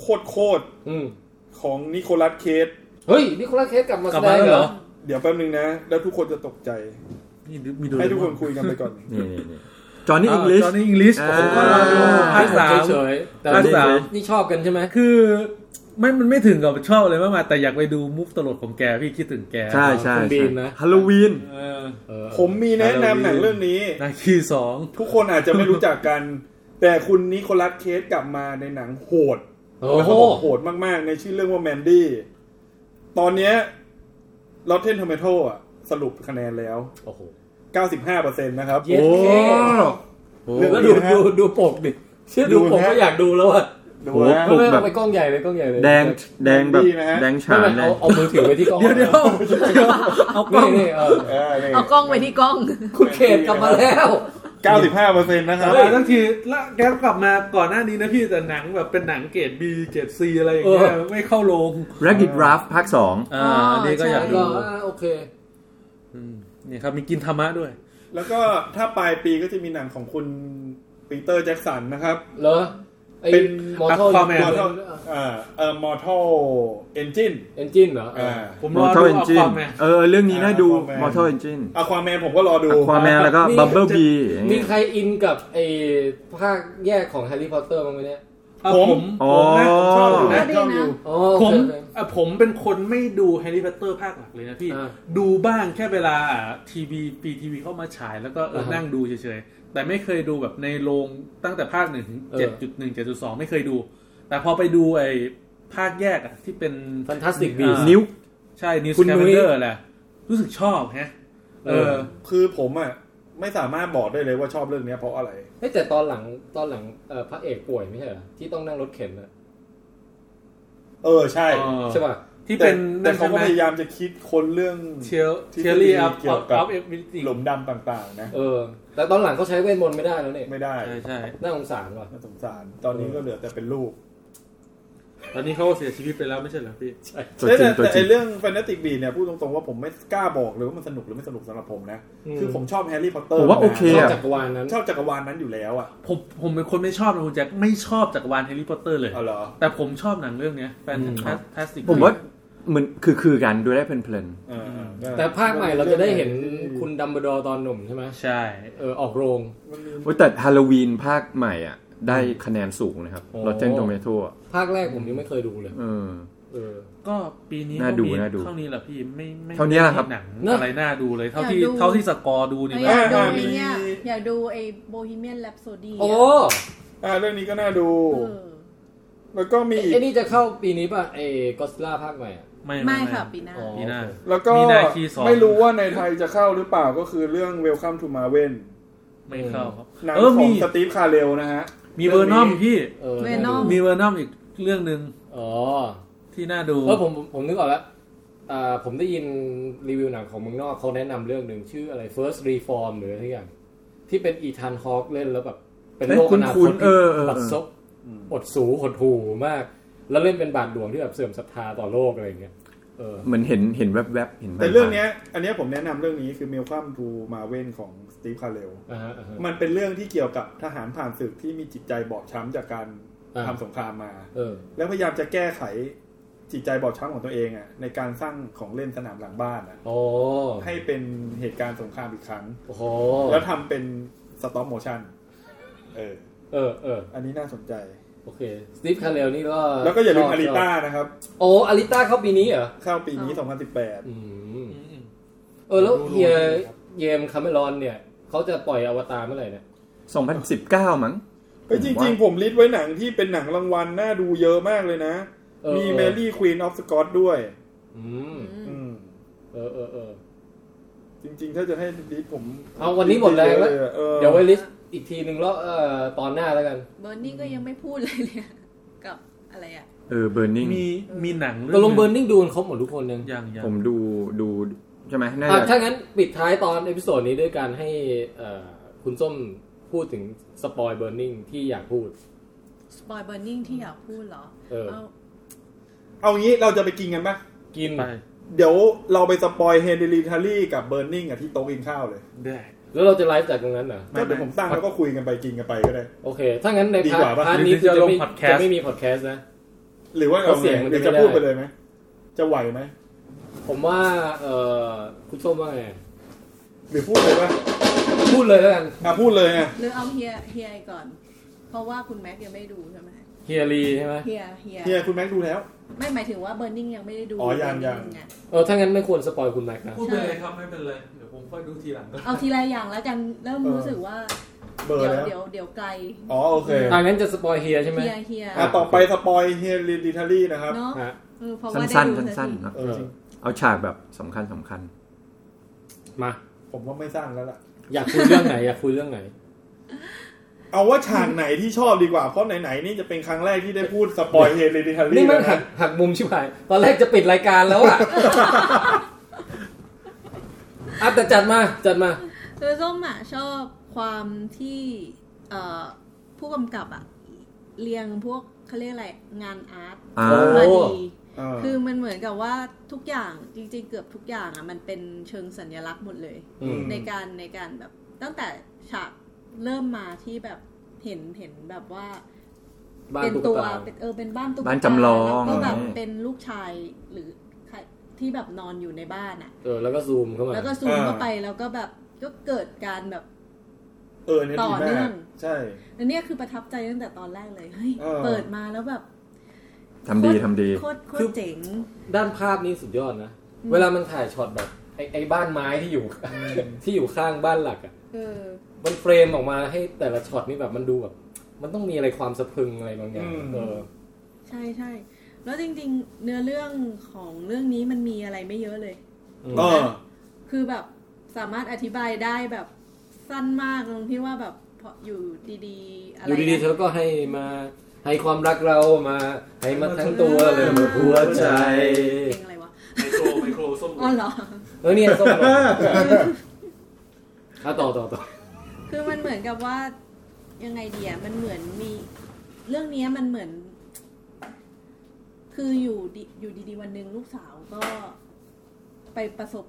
Speaker 6: โคตรโคตร
Speaker 3: อืม
Speaker 6: ๆของนิโคลัสเคส
Speaker 3: เฮ้ยนิโคลัสเคสกลับมาก แส
Speaker 2: ลับ
Speaker 3: ด
Speaker 2: มางแล้วเห
Speaker 3: เหร
Speaker 2: ร
Speaker 3: อ
Speaker 2: อ
Speaker 6: เดี๋ยวแป๊บนึงนะ แล้วทุกคนจะตกใจ
Speaker 2: นี่มีดู
Speaker 6: ให้ทุกคนคุยกันไปก่อน
Speaker 4: นี่จอห์นนี่อังกฤษ
Speaker 2: จอห์นนี่อังกฤษ
Speaker 4: อ่า
Speaker 2: ผมก็รอดูภาคสาม
Speaker 3: เฉยๆแต่
Speaker 2: ภาคสาม
Speaker 3: นี่ชอบกันใช่ไหม
Speaker 2: คือไม่มันไม่ถึงกับชอบเลยมากมายแต่อยากไปดูมุกตลกของแกพี่คิดถึงแก
Speaker 4: ใช่ใช่
Speaker 3: คุณ
Speaker 4: ใช่
Speaker 3: บีมนะ
Speaker 4: ฮัลโลวีน
Speaker 2: เออ
Speaker 3: เออ
Speaker 6: ผมมีแนะนำหนังเรื่องนี้
Speaker 2: นาคีสอง
Speaker 6: ทุกคนอาจจะไม่รู้จักกัน แต่คุณนิโคลัสเคสกลับมาในหนังโหด
Speaker 3: โอ้
Speaker 6: แล้
Speaker 3: โห
Speaker 6: วเขาบอกโหดมาก ๆ ในชื่อเรื่องว่าแมนดี้ ตอนเนี้ย Rotten Tomato อ่ะ สรุปคะแนนแล้ว
Speaker 3: โอ้โห
Speaker 6: 95%นะครับ
Speaker 3: เย้
Speaker 4: โอ้
Speaker 6: เรื่อง
Speaker 3: แล้ว
Speaker 6: นี้
Speaker 3: ดู
Speaker 6: นะฮะ
Speaker 3: ดูดูปกดิเชื่อดู
Speaker 6: ดูนะ
Speaker 3: ปกก็อยากดูแล้วอ่ะ
Speaker 6: ดู
Speaker 4: โห
Speaker 6: นะ
Speaker 4: ปลุก
Speaker 3: ไม่
Speaker 4: แบ
Speaker 3: เอา
Speaker 4: บ
Speaker 3: ไปกล้องใหญ่เลยกล้องใหญ่เลย
Speaker 4: แดงแดงแบบ
Speaker 6: ดีนะฮะ
Speaker 4: แดงฉา
Speaker 3: ไม่
Speaker 4: น
Speaker 3: ไม่
Speaker 4: เล
Speaker 3: เอา
Speaker 4: ย
Speaker 3: เอามือถือไปที่กล้อง
Speaker 2: เดี๋ยวเดี๋ยวเอากล้อง
Speaker 3: นี่นี่เออ
Speaker 6: เออนี่
Speaker 5: เอากล้องไปที่กล้อง
Speaker 3: คุณเขตกลับมาแล้ว
Speaker 6: 95%นะครับ
Speaker 2: แล้วทั้งทีแล้วแกกลับมาก่อนหน้านี้นะพี่แต่หนังแบบเป็นหนังเกรดบีเกรดซีอะไรอย่างเงี้ย
Speaker 3: เออ
Speaker 2: ไม่เข้าโรง
Speaker 4: แร็กกิดราฟภาคสอง
Speaker 2: อ่าอันนี้ก็อยาก
Speaker 3: ก็
Speaker 2: ดู
Speaker 3: อ่าโอเค
Speaker 2: อืมเนี่ยครับมีกินธรรมะด้วย
Speaker 6: แล้วก็ถ้าปลายปีก็จะมีหนังของคุณปีเตอร์แจ็คสันนะครับ
Speaker 3: เหรอไอ้
Speaker 6: เป็น
Speaker 3: มอร์ทัล
Speaker 2: Aquaman
Speaker 6: มอร์ทัลเอ่อมอร์ทัลเอนจิน
Speaker 3: เอนจินเหรอเอ
Speaker 6: อ่า
Speaker 3: อ
Speaker 2: ผม
Speaker 4: ม
Speaker 2: ร
Speaker 4: อ
Speaker 2: อ
Speaker 4: เตอ
Speaker 2: ดู
Speaker 4: ร์เอน
Speaker 2: เอา
Speaker 4: จิน
Speaker 2: ความแม่
Speaker 4: เออ เรื่องนี้น่าดูมอเตอร์เอนจิน
Speaker 6: อควาแมนผมก็รอดู
Speaker 4: ควาแมนแล้วก็บัมเบิลบี
Speaker 3: มีใครอินกับไอ้ภาคแยกของแฮร์รี่พอตเตอร์บ้างไหมเนี่ย
Speaker 2: เอา
Speaker 6: ผ
Speaker 2: ผม ม
Speaker 4: อ๋อ
Speaker 2: ผมนะผมชอบดู
Speaker 6: นะ
Speaker 2: นะ
Speaker 6: ชอบอยู่
Speaker 3: อ๋อโอเค
Speaker 2: ผม
Speaker 3: โอเค
Speaker 2: อ่ะผมเป็นคนไม่ดูแฮร์รี่พอตเตอร์ภาคหลักเลยนะพี่
Speaker 3: อ่า
Speaker 2: ดูบ้างแค่เวลาอ่ะทีวีปีทีวีเข้ามาฉายแล้วก็เอออา
Speaker 3: ฮะ
Speaker 2: นั่งดูเฉยๆ แต่ไม่เคยดูแบบในโรงตั้งแต่ภาคหนึ่งถึง
Speaker 3: เออ
Speaker 2: เจ็ดจุดหนึ่งเจ็ดจุดสองไม่เคยดู แต่พอไปดูไอ้ภาคแยกอ่ะที่เป็น
Speaker 3: ฟันทัสติกบี
Speaker 2: อ่า
Speaker 4: นิ้ว
Speaker 2: ใช่นิว
Speaker 3: คุณ
Speaker 2: ส์แค
Speaker 3: นุ้
Speaker 2: ม
Speaker 3: ย
Speaker 2: เดอร์แหละรู้สึกชอบฮะเออ
Speaker 6: คือผมอ่ะ ไม่สามารถบอกได้เลยว่าชอบเรื่องเนี้ยเพราะอะไร
Speaker 3: เฮ้ยแต่ตอนหลังตอนหลังเอ่อพระเอกป่วยไม่ใช่เหรอที่ต้องนั่งรถเข็นอะ
Speaker 6: เออใช่
Speaker 3: ใช่ป่ะ
Speaker 2: ที่
Speaker 6: แต่
Speaker 2: เป็น
Speaker 6: แต่
Speaker 2: นั่น
Speaker 6: เขา
Speaker 2: ใช่
Speaker 6: ก็
Speaker 2: ไหม
Speaker 6: พยายามจะคิดค้นเรื่อง
Speaker 2: เชียร์
Speaker 6: ที่
Speaker 2: เชียรี่อัพ
Speaker 6: เกี่
Speaker 2: อ
Speaker 6: ยวกับ
Speaker 2: อฟเอฟวิติ
Speaker 6: หลุมดำต่างๆนะ
Speaker 3: เออ แต่ตอนหลังเขาใช้เวทมนต์ไม่ได้แล้วเนี่ย
Speaker 6: ไม่ได้
Speaker 2: ใช่ใช่
Speaker 3: น่าสงสารว่ะ
Speaker 6: น่าสงสาร ตอนนี้ก็เหลือแต่เป็นลูก
Speaker 2: ตอนนี้เขาก็เสียชีวิตไปแล้วไม่ใช่เหรอพี่
Speaker 4: ตัว
Speaker 6: แต่
Speaker 4: จริง
Speaker 6: แต่
Speaker 4: ตัว
Speaker 6: แต่
Speaker 4: จริ
Speaker 6: ไอง เรื่องแฟนตาติกบีเนี่ยพูดตรงๆว่าผมไม่กล้าบอกเลยว่ามันสนุกหรือไม่สนุกสำหรับผมนะ คือผมชอบแฮร์รี่พอตเตอร์
Speaker 4: ผมว่าโอเค
Speaker 3: ชอบ
Speaker 4: อะ
Speaker 3: จักรวาลนั้น
Speaker 6: ชอบจักรวาลนั้นอยู่แล้วอ่ะ
Speaker 2: ผมผมเป็นคนไม่ชอบนะคุณแจ็คไม่ชอบจักรวาลแฮร์รี่พอตเตอร์เลย
Speaker 6: เอาเหรอ
Speaker 2: แต่ผมชอบหนังเรื่องเนี้ยแฟน
Speaker 3: อืม
Speaker 2: พลาสติก
Speaker 4: ผมว่ามันคือคือกันดูได้เพลิน
Speaker 6: เออเออ
Speaker 3: แต่ภาคใหม่เราจะได้เห็นคุณดัมเบลดอร์ตอนหนุ่มใช่ไหม
Speaker 2: ใช่
Speaker 3: เออออกโรง
Speaker 4: ๆโอ้ยแต่ฮาโลวีนภาคใหม่อ่ะ ได้คะแนนสูงนะครับ Rotten Tomato อ่ะ
Speaker 3: ภาคแรกผมยังไม่เคยดูเลย
Speaker 4: เออ
Speaker 3: เออ
Speaker 2: ก็ปีนี้
Speaker 4: น่าดู
Speaker 2: ก็มี
Speaker 4: น่าดู
Speaker 2: เท่านี้แหละพี่ไม่ไม่
Speaker 4: เท่านี้แหละครับ
Speaker 2: ไม่มีหนัง
Speaker 3: เนอะ
Speaker 2: อะไรน่าดูเลยเท่าที่
Speaker 5: อยากดู
Speaker 2: เท่าที่สกอร์ดูเนี่ย
Speaker 5: อยากดูไอ้เนี่ยอยากดูไอ้โบฮีเมียนแรปโซดี
Speaker 3: โอ้
Speaker 6: อ่าเรื่องนี้ก็น่าดู
Speaker 5: เออ
Speaker 6: แล้วก็มีอีก
Speaker 3: ไอ้นี่จะเข้าปีนี้ป่ะไอ้ก็สล่าภาคใหม่อะ
Speaker 2: ไม่
Speaker 5: ไม่ค่ะปีหน้า
Speaker 3: อ๋อ
Speaker 2: ปีหน้า
Speaker 6: แล้วก็
Speaker 2: มีนาคีสอง
Speaker 6: ไม่รู้ว่าในไทยจะเข้าหรือเปล่าก็คือเรื่อง Welcome to Marwen
Speaker 2: ไม่เข้าครับ
Speaker 6: หนัง
Speaker 2: เออ
Speaker 6: ขอ
Speaker 2: มี
Speaker 6: งสตีฟคาเรลนะฮะ
Speaker 2: มีเวอร์นอมพี่
Speaker 3: เออ
Speaker 5: เวนอ
Speaker 2: มีเวอร์นอมอีกเรื่องหนึ่ง
Speaker 3: อ๋อ
Speaker 2: ที่น่าดู
Speaker 3: เออผมผมผมนึกออกแล้วอ่าผมได้ยินรีวิวหนังของเมืองนอกเขาแนะนำเรื่องหนึ่งชื่ออะไร first reform หรืออะไรทุกอย่าง ที่เป็นอีธานฮอคเล่นแล้วแบบ เป็น
Speaker 4: เอ้ย
Speaker 3: โลกอนา
Speaker 4: คุ้
Speaker 3: คต
Speaker 4: นๆ
Speaker 3: ที่
Speaker 4: เออเออเออ
Speaker 3: บัดซบอดสูหดหูมาก แล้วเล่นเป็นบาทหลวงที่แบบเสื่อมศรัทธาต่อโลกอะไรอย่างเงี้ย เออ
Speaker 4: เหมือนเห็นเห็นแวบๆเห็น
Speaker 6: แต่เรื่องเนี้ย อันเนี้ยผมแนะนำเรื่องนี้คือเมลคัมดูมาเวนของสตีฟคาเรล
Speaker 3: อ่าฮะอ่าฮะ
Speaker 6: มันเป็นเรื่องที่เกี่ยวกับทหารผ่านศึกที่มีจิตใจบอบช้ำจากการ
Speaker 3: อ่า
Speaker 6: ทำสงครามมา
Speaker 3: เออ
Speaker 6: แล้วพยายามจะแก้ไขจิตใจบอบช้ำของตัวเองอ่ะในการสร้างของเล่นสนามหลังบ้านอะ
Speaker 3: โอ้
Speaker 6: ให้เป็นเหตุการณ์สงครามอีกครั้ง
Speaker 3: โห
Speaker 6: แล้วทำเป็นสต็อปโมชั่นเออ
Speaker 3: เออเออ
Speaker 6: อันนี้น่าสนใจ
Speaker 3: โอเคสตีฟคาเรลนี่ก็
Speaker 6: แล้วก็อย่าลืม
Speaker 3: ชบ
Speaker 6: อาริต้า
Speaker 3: ชบ
Speaker 6: นะครับ
Speaker 3: โอ้อาริต้าเข้าปีนี้เหรอ
Speaker 6: เข้าปี
Speaker 3: อืม
Speaker 6: นี้
Speaker 2: อืมอืม
Speaker 3: เออแล้วเฮียเยมคาเมรอนเนี่ยเขาจะปล่อยอวตารเมื่อไหร่เนี่ย
Speaker 4: สองพันสิบเก้ามั้ง
Speaker 6: 2018เฮ้ยจริง ๆ ผมลิสต์ไว้หนังที่เป็นหนังรางวัลน่าดูเยอะมากเลยนะ
Speaker 3: เออ
Speaker 6: มี
Speaker 3: เออ
Speaker 6: แมรี่ควีนออฟสกอตด้วย
Speaker 3: อืม
Speaker 6: อืม
Speaker 3: เออเออเออ
Speaker 6: จริง ๆ ถ้าจะให้ลิสต์ผม
Speaker 3: เอาวันนี้หมดแรงแล้ว
Speaker 6: เออ
Speaker 3: เดี๋ยวไว้ลิสต์อีกทีหนึ่งแล้วเอ่อตอนหน้าแล้วกัน
Speaker 5: เบอร์นี่ก็ยังไม่พูดเลยเลยอะกับอะไรอ่ะ
Speaker 4: เออเบอร์นิง
Speaker 2: มีมีหนังเรื่
Speaker 3: ตกลงเบอร์
Speaker 2: ห
Speaker 3: นิ่งดูกันครบหมดทุกคนยัง
Speaker 2: อย่างอย่าง
Speaker 4: ผมดูดูใช่ไหมน่า
Speaker 3: อ่ะ
Speaker 4: จะ
Speaker 3: ถ้างั้นปิดท้ายตอนเอพิโซดนี้ด้วยการให้เอ่อคุณส้มพูดถึงสปอยเบอร์นิ่งที่อยากพูด
Speaker 5: สปอยเบอร์นิ่งที่อยากพูดเหรอ
Speaker 3: เออ
Speaker 5: า
Speaker 6: เอางี้เราจะไปกินกันปะ
Speaker 3: กิน
Speaker 2: ไป
Speaker 6: เดี๋ยวเราไปสปอยเฮนดิ i ทารี่กับเบ r ร์นิงกับที่โต๊ะกินข้าวเลย
Speaker 2: ได้
Speaker 3: แล้วเราจะไลฟ์จากตรงนั้นเหรอ
Speaker 6: ก็เดี๋ยวผมตั้งแล้วก็คุยกันไปกินกันไปก็ได้
Speaker 3: โอเค ถ้างั้นใน
Speaker 6: ดี
Speaker 3: พาก ร์
Speaker 6: ว่า
Speaker 3: ท
Speaker 6: ปะ
Speaker 3: พาร์ทนี้คือจะไม่จะไม่มีพอดแคสต์นะ
Speaker 6: หรือว่า
Speaker 3: ก็
Speaker 6: เอา
Speaker 3: เสี่
Speaker 6: เสี
Speaker 3: ย
Speaker 6: ย
Speaker 3: ง
Speaker 6: ง
Speaker 3: มัน
Speaker 6: ห
Speaker 3: จะไม่
Speaker 6: รือจะ
Speaker 3: ได้
Speaker 6: พูดไปเลยไหมจะไหวไหม
Speaker 3: ผมว่าเอ่อคุณส้มว่าไง
Speaker 6: หรือพูดเลยปะ
Speaker 3: พูดเลยแล้วกัน
Speaker 6: อ่ะพูดเลยอ่ะ
Speaker 5: หรือเอาเฮียเฮียก่อน เพราะว่าคุณแม็กยังไม่ดูใช่ไหม
Speaker 3: เฮียรีใช่ไหม
Speaker 5: เฮียเฮีย
Speaker 6: เฮียคุณแม็กซ์ดูแล้ว
Speaker 5: ไม่หมายถึงว่าเบอร์นิ่งยังไม่ได้ดู
Speaker 6: อ๋อยังยัง
Speaker 5: อะ
Speaker 3: เออถ้างั้นไม่ควรสปอยคุณแม็กนะ
Speaker 2: พูดไปเลยครับไม่เป็นไรเดี๋ยวผมค่อยดูทีหลังก็
Speaker 5: เอาทีละอย่างแล้วกันเริ่มรู้สึกว่า
Speaker 6: เบอร์
Speaker 5: เดี๋ยวเดี๋
Speaker 6: แล้ว
Speaker 5: ยวเดี๋ยวไกล
Speaker 6: อ๋อโอเค
Speaker 3: อ่างั้นจะสปอยเฮียใช่ไหม
Speaker 5: เฮียเฮีย
Speaker 6: อ่ะต่อไปสปอยเฮลิดิทารี่นะครับ
Speaker 5: เนาะ
Speaker 3: ฮะ
Speaker 5: เออเพราะว่าได้
Speaker 4: สั้น
Speaker 5: ดู
Speaker 4: ๆสั้นๆเนาะ
Speaker 6: เออจริง
Speaker 4: เอาฉากแบบสำคัญสำคัญ
Speaker 3: มา
Speaker 6: ผมว่าไม่สั้นแล้วล่ะ
Speaker 3: อยากคุยเรื่องไหน อยากคุยเรื่องไหน
Speaker 6: เอาว่าฉากไหนที่ชอบดีกว่า เพราะไหนๆนี่จะเป็นครั้งแรกที่ได้พูดสปอยเฮลิดิทา
Speaker 3: นี่
Speaker 6: รี่
Speaker 3: แมัน
Speaker 6: นะค
Speaker 3: หั
Speaker 6: รับ
Speaker 3: ก หักมุมชิบหาย ตอนแรกจะปิดรายการ แล้วอ่ะ อ่ะแต่จัดมาจัดมา
Speaker 5: คือส้มอ่ะชอบความที่เอ่อผู้กำกับอ่ะเรียงพวกเขาเรียกอะไรงานอาร์ต
Speaker 4: อ่า
Speaker 3: โอ้
Speaker 5: มาดี
Speaker 6: เออ
Speaker 5: คือมันเหมือนกับว่าทุกอย่างจริงๆเกือบทุกอย่างอ่ะมันเป็นเชิงสัญลักษณ์หมดเลย
Speaker 3: อืม
Speaker 5: ในการในการแบบตั้งแต่ฉากเริ่มมาที่แบบเห็นเห็นแบบว่า
Speaker 3: บ้าน
Speaker 5: เป็น
Speaker 3: ตุ๊ก
Speaker 5: ตัว
Speaker 3: ตา
Speaker 5: เป็นเออเป็นบ้านตุ๊กตา
Speaker 4: บ้านจำลอง
Speaker 5: แล้วก็แบบ
Speaker 4: อะไรอย่างเงี้ย
Speaker 5: เป็นลูกชายหรือใครที่แบบนอนอยู่ในบ้านอ่ะ
Speaker 3: เออ แล้วก็ซูมเข้ามา
Speaker 5: แล้วก็ซูมเข้าไปแล้วก็แบบก็เกิดการแบบ
Speaker 6: เออเนี่ย
Speaker 5: ต่อ
Speaker 6: ดี
Speaker 5: เนื่อ
Speaker 6: มา
Speaker 5: ก ง
Speaker 6: ใช่
Speaker 5: อันเนี้ยคือประทับใจตั้งแต่ตอนแรกเลยเฮ้ย
Speaker 6: ออ
Speaker 5: เปิดมาแล้วแบบ
Speaker 4: ทำดีทำดี
Speaker 5: โคตรโค
Speaker 3: คื
Speaker 5: ต
Speaker 3: อ
Speaker 5: รเจ๋ง
Speaker 3: ด้านภาพนี่สุดยอดนะ
Speaker 5: อืม
Speaker 3: เวลามันถ่ายช็อตแบบไอ้ไอ้บ้านไม้ที่ อยู่ ที่อยู่ข้างบ้านหลักอ่ะ
Speaker 5: เออ
Speaker 3: มันเฟรมออกมาให้แต่ละช็อตนี่แบบมันดูแบบ มันต้องมีอะไรความสะพรึงอะไรบางอย่าง เออ
Speaker 5: ใช่ใช่แล้วจริงๆ เนื้อเรื่องของเรื่องนี้มันมีอะไรไม่เยอะเลย
Speaker 6: เออ
Speaker 5: คือแบบสามารถอธิบายได้แบบสั้นมากตรงที่ว่าแบบพออยู่ดีๆ อะไร
Speaker 3: อยู่ดีๆเธ
Speaker 5: นะ
Speaker 3: อก็ให้มาให้ความรักเรามาให้มาทั้งตัวเลยหมดหัวใจ
Speaker 5: เพลงอะไรวะ
Speaker 13: ไมโครไมโครส้ม
Speaker 5: อ๋อเหรอ
Speaker 3: เออเนี่ยส้มอร่อย อ่ะต่อต่อต่อ
Speaker 5: คือมันเหมือนกับว่ายังไงดีอ่ะมันเหมือนมี เรื่องเนี้ยมันเหมือน คืออยู่ดีอยู่ดีๆวันหนึ่งลูกสาวก็ไปประสบ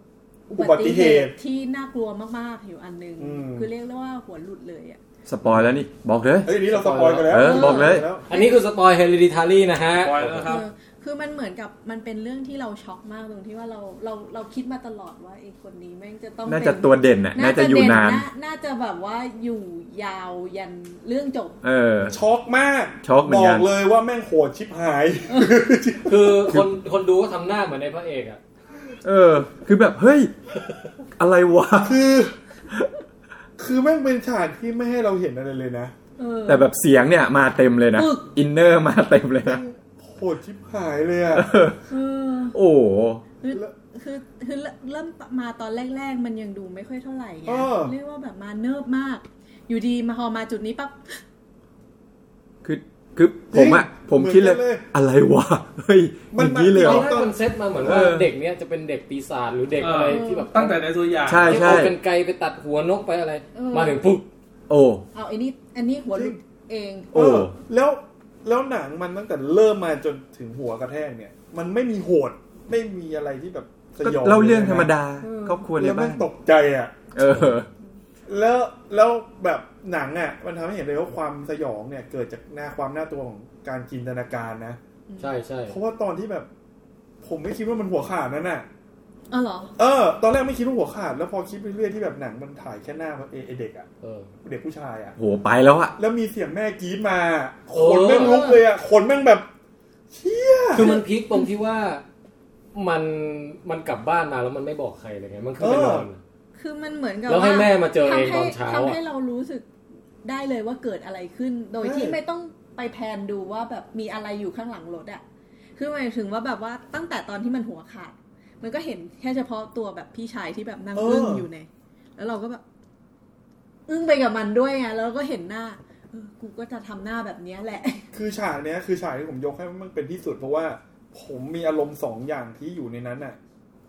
Speaker 6: อุบัติเหตุ
Speaker 5: ที่น่ากลัวมากๆอยู่อันหนึ่ง
Speaker 6: อืม
Speaker 5: คือเรียกได้ว่าหัวหลุดเลยอ่ะ
Speaker 4: สปอยแล้วนี่ บอกเลย
Speaker 6: เอ้ยอันนี้เราสปอยกันแล้ว
Speaker 4: เออบอกเลย
Speaker 6: แล้ว
Speaker 3: อันนี้คือสปอยเฮลิดิทารีนะฮะ
Speaker 2: ปล่อยแล้วครับ
Speaker 5: เออคือมันเหมือนกับมันเป็นเรื่องที่เราช็อกมากตรงที่ว่าเราเราเราคิดมาตลอดว่าไอ้คนนี้แม่งจะต้อง
Speaker 4: น่าจะ
Speaker 5: เป็
Speaker 4: ตัวเด่นน่ะ น่าจะอยู่นาน
Speaker 5: เด่น่าจะแบบว่าอยู่ยาวยันเรื่องจบ
Speaker 4: เออ
Speaker 6: ช็อกมาก
Speaker 4: ช็อกเหมื
Speaker 6: บ
Speaker 4: อน
Speaker 6: อ
Speaker 4: กัน
Speaker 6: กเลยว่าแม่งโหดชิบหาย
Speaker 3: คือคนคนดูก็ทำหน้าเหมือนในพระเอกอ่ะ
Speaker 4: เออ คือแบบ เฮ้ย อะไรวะ
Speaker 6: คือ คือแม่งเป็นฉากที่ไม่ให้เราเห็นอะไรเลยนะ
Speaker 5: เออ
Speaker 4: แต่แบบเสียงเนี่ยมาเต็มเลยนะ
Speaker 5: ปึก
Speaker 4: อินเนอร์มาเต็มเลยนะ
Speaker 6: โหดชิบหายเลยอ่ะ
Speaker 4: เออ
Speaker 5: เออ
Speaker 4: โอ้โห
Speaker 5: คือคือคือเริ่มมาตอนแรก ๆ มันยังดูไม่ค่อยเท่าไหร่ไง
Speaker 6: เออ
Speaker 5: เรียกว่าแบบมาเนิบมาก อยู่ดีมาพอมาจุดนี้ปั๊บ
Speaker 4: คือ คือผมอะ
Speaker 6: จริง
Speaker 4: ผมคิดเลย
Speaker 6: เหมือนกันเลย
Speaker 4: อะไรวะ เฮ้ยอ
Speaker 6: มัน
Speaker 4: ย่างนี้เลยเหร
Speaker 3: ต
Speaker 4: อ
Speaker 3: อนแรก
Speaker 6: มั
Speaker 3: มันเซตมาเหมือนว่า
Speaker 4: เออ
Speaker 3: เด็กเนี้ยจะเป็นเด็กปีศาจหรือเด็กอะไร
Speaker 2: เออ
Speaker 3: ที่แบบ
Speaker 2: ตั้งแต่ในตัวอย่าง
Speaker 4: ใช่ใช่
Speaker 3: เอาเป็นไกลไปตัดหัวนกไปอะไร มาถึงปุ๊บ
Speaker 4: โอ้
Speaker 5: เอาไอ้นี่อันนี้หัวหลุดเอง
Speaker 4: โอ้
Speaker 6: เแล้วแล้วหนังมันตั้งแต่เริ่มมาจนถึงหัวกระแทกเนี่ย มันไม่มีโหด ไม่มีอะไรที่แบบส
Speaker 4: ก็
Speaker 6: ยอง
Speaker 4: เล่าเรื่องธรรมดา
Speaker 14: เออ
Speaker 4: ครอบครัวเล
Speaker 6: แล้
Speaker 4: ยว บ้า
Speaker 6: แม่
Speaker 4: ง
Speaker 6: งตกใจอ่ะ
Speaker 4: เออ
Speaker 6: แล้วแล้วแบบหนังอ่ะ มันทำให้เห็นเลยว่าความสยองเนี่ย เกิดจากหน้าความน่าตัวของการจินตนาการนะ
Speaker 3: ใช่ใช่
Speaker 6: เพราะว่าตอนที่แบบ ผมไม่คิดว่ามันหัวขาดนั่นน่ะ
Speaker 14: อ๋อเหรอ
Speaker 6: เออ ตอนแรกไม่คิดว่าหัวขาด แล้วพอคิดไปเรื่อยที่แบบหนังมันถ่ายแค่หน้าเอเอเด็กอ่ะ
Speaker 3: เออ
Speaker 6: เด็กผู้ชายอ่ะ
Speaker 4: โหไปแล้วอะ
Speaker 6: แล้วมีเสียงแม่กรี๊ดมา
Speaker 3: โอ้
Speaker 6: ขนแม่งลุกเลยอ่ะขนแม่งแบบเชี่ย
Speaker 3: คือมันพีคตรงที่ว่ามันมันกลับบ้านมาแล้วมันไม่บอกใครเลยไงมันคือไปนอน
Speaker 5: คือมันเหมือนกับ
Speaker 3: แล้วให้
Speaker 5: ว่า
Speaker 3: แม่มาเจอเองต
Speaker 5: ทำให้
Speaker 3: อนเช้า
Speaker 5: ทำให้
Speaker 3: อ่ะ
Speaker 5: เรารู้สึกได้เลยว่าเกิดอะไรขึ้น โดยที่ไม่ต้องไปแพลนดูว่าแบบมีอะไรอยู่ข้างหลังรถอะคือหมายถึงว่าแบบว่าตั้งแต่ตอนที่มันหัวขาด มันก็เห็นแค่เฉพาะตัวแบบพี่ชายที่แบบนั่งอึ้งอยู่ใน แล้วเราก็แบบอึ้งไปกับมันด้วยไงแล้วเราก็เห็นหน้าเออกูก็จะทำหน้าแบบเนี้ยแหละ
Speaker 6: คือฉากเนี้ยคือฉากที่ผมยกให้มันเป็นที่สุด เพราะว่าผมมีอารมณ์สองอย่างที่อยู่ในนั้นน่ะ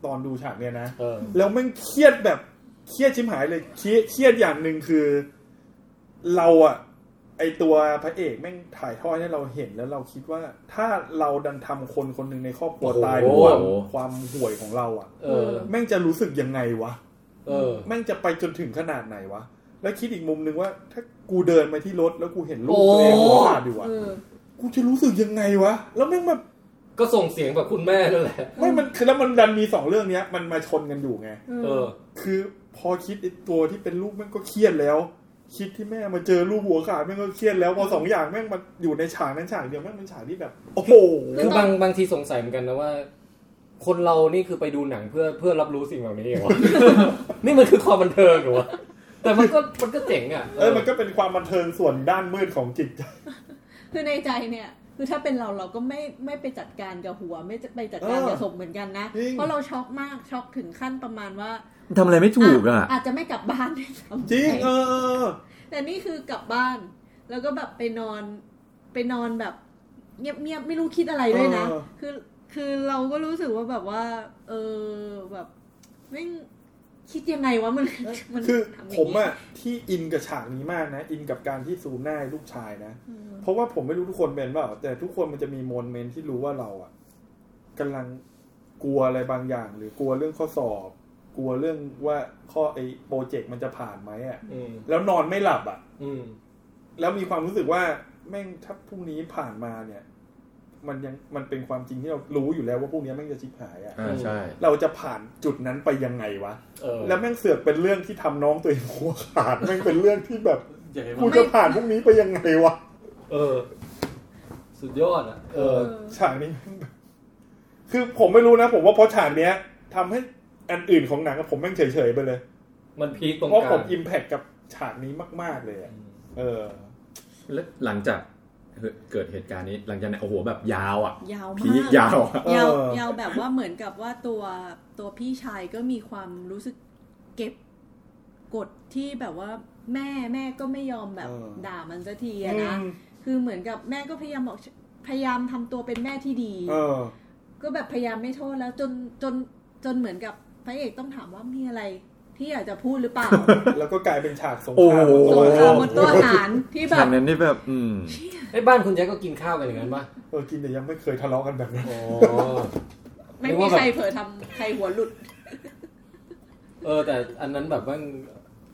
Speaker 6: ตอนดูฉากเนี้ยนะ
Speaker 3: เออ
Speaker 6: แล้วแมันเครียดแบบเครียดชิมหายเลยเครียดเครียดอย่างหนึ่งคือ เราอะไอตัวพระเอกแม่งถ่ายทอดให้เราเห็นแล้วเราคิดว่า ถ้าเราดันทำคนคนหนึ่งในครอบครัว
Speaker 3: โอ้โห
Speaker 6: ตายด้วยความความห่วยของเราอะ
Speaker 3: เออ
Speaker 6: แม่งจะรู้สึกยังไงวะ
Speaker 3: เออ
Speaker 6: แม่งจะไปจนถึงขนาดไหนวะ แล้วคิดอีกมุมหนึ่งว่า ถ้ากูเดินมาที่รถแล้วกูเห็นลูกตัวเอง
Speaker 3: โอ้
Speaker 6: หัวขาดอยู่อะ
Speaker 5: เออ
Speaker 6: กูจะรู้สึกยังไงวะแล้วแม่งมา
Speaker 3: ก็ส่งเสียงแบบคุณแม่นั่นแหละ
Speaker 6: ไม่มันคือแล้วมันดันมีสองเรื่องเนี้ย มันมาชนกันอยู่ไง
Speaker 3: เออ
Speaker 6: คือพอคิดไอ้ตัวที่เป็นลูกแม่งก็เครียดแล้ว คิดที่แม่มาเจอลูกหัวขาดแม่งก็เครียดแล้วพอสองอย่างแม่งมันอยู่ในฉากนั้นฉากเดียวแม่งเป็นฉากที่แบบ โอ้โห
Speaker 3: คือบางบางทีสงสัยเหมือนกันนะว่า คนเรานี่คือไปดูหนังเพื่อเพื่อรับรู้สิ่งเหล่านี้เหรอ วะ นี่มันคือความบันเทิงเหรอวะแต่มันก็มันก็เจ๋งอ่ะ
Speaker 6: เออมันก็เป็นความบันเทิงส่วนด้านมืดของจิตใจ
Speaker 5: คือในใจเนี่ย คือถ้าเป็นเราเราก็ไม่ไม่ไปจัดการกับหัว ไม่ไปจัดการกับศพเหมือนกันนะ เพราะเราช็อกมากช็อกถึงขั้นประมาณว่า
Speaker 4: ทำอะไรไม่ถูกอะ
Speaker 5: อาจจะไม่กลับบ้านด้วยซ้ำ
Speaker 6: จริงเออเออเออ
Speaker 5: แต่นี่คือกลับบ้าน แล้วก็แบบไปนอนไปนอนแบบ เงียบๆไม่รู้คิดอะไรด้วยนะ คือคือเราก็รู้สึกว่าแบบว่า เออแบบไม่งคิดยังไงวะมันมัน
Speaker 6: คือ
Speaker 5: ทำย่างนี้
Speaker 6: ผมอะที่อินกับฉากนี้มากนะ อินกับการที่ซูมหน้าให้ลูกชายนะ
Speaker 5: อืม
Speaker 6: เพราะว่าผมไม่รู้ทุกคนเป็นเปล่าแต่ทุกคนมันจะมีโมเมนต์ที่รู้ว่าเราอะกำลังกลัวอะไรบางอย่าง หรือกลัวเรื่องข้อสอบ กลัวเรื่องว่าข้อไอ้โปรเจกต์มันจะผ่านไหมอะ
Speaker 3: อืม
Speaker 6: แล้วนอนไม่หลับอ่ะ
Speaker 3: อืม
Speaker 6: แล้วมีความรู้สึกว่าแม่งถ้าพรุ่งนี้ผ่านมาเนี่ย มันยังมันเป็นความจริงที่เรารู้อยู่แล้วว่าพรุ่งนี้แม่งจะชิบหายอ่ะ
Speaker 4: อ่าใช่
Speaker 6: เราจะผ่านจุดนั้นไปยังไงวะ
Speaker 3: เออ
Speaker 6: แล้วแม่งเสือกเป็นเรื่องที่ทำน้องตัวเองหัวขาด แม่งเป็นเรื่องที่แบบ
Speaker 15: ใหญ่
Speaker 6: กู
Speaker 15: มาก
Speaker 6: จะผ่านพรุ่งนี้ไปยังไงวะ
Speaker 3: เออ สุดยอดอ่ะ เออ
Speaker 6: ฉากนี้ คือผมไม่รู้นะ ผมว่าเพราะฉากเนี้ยทำให้อันอื่นของหนังอะผมแม่งเฉยๆไปเลย
Speaker 3: มันพีคตรง
Speaker 6: เพราะ
Speaker 3: กลา
Speaker 6: ผม
Speaker 3: ง
Speaker 6: อิมแพคกับฉากนี้มาก ๆเลยอะเออ
Speaker 16: และหลังจากเกิดเหตุการณ์นี้ หลังจากนั้นโอ้โหแบบยาวอ่ะ
Speaker 5: ยาว
Speaker 16: พี
Speaker 5: มาก ก
Speaker 16: ยาวอะ
Speaker 6: เออ
Speaker 5: ยาวยาวแบบว่าเหมือนกับว่าตัวตัวพี่ชายก็มีความรู้สึกเก็บกดที่แบบว่าแม่แม่ก็ไม่ยอมแบบ
Speaker 6: เออ
Speaker 5: ด่ามันสักที
Speaker 6: อ
Speaker 5: อะนะคือเหมือนกับแม่ก็พยายามบอกพยายามทำตัวเป็นแม่ที่ดี
Speaker 6: เออ
Speaker 5: ก็แบบพยายามไม่โทษแล้วจนจนจนเหมือนกับพระเอกต้องถามว่ามีอะไร ที่อยากจะพูดหรือเปล่า
Speaker 6: แล้วก็กลายเป็นฉากสง
Speaker 4: โอ้
Speaker 6: ค
Speaker 4: โห
Speaker 6: ราม
Speaker 5: สงครามบนโต๊ะอาหารที่แบ
Speaker 4: ฉา
Speaker 5: บ
Speaker 4: กนั้นนี่แบบอืม
Speaker 3: ไอ้บ้านคุณแจ็คก็กินข้าวกันอย่างนั้นปะ
Speaker 6: เออกินแต่ยังไม่เคยทะเลาะกันแบบนั้น
Speaker 3: อ๋อ
Speaker 5: ไม่มีใครเผลอทำใครหัวหลุด
Speaker 3: เออ แต่อันนั้นแบบว่า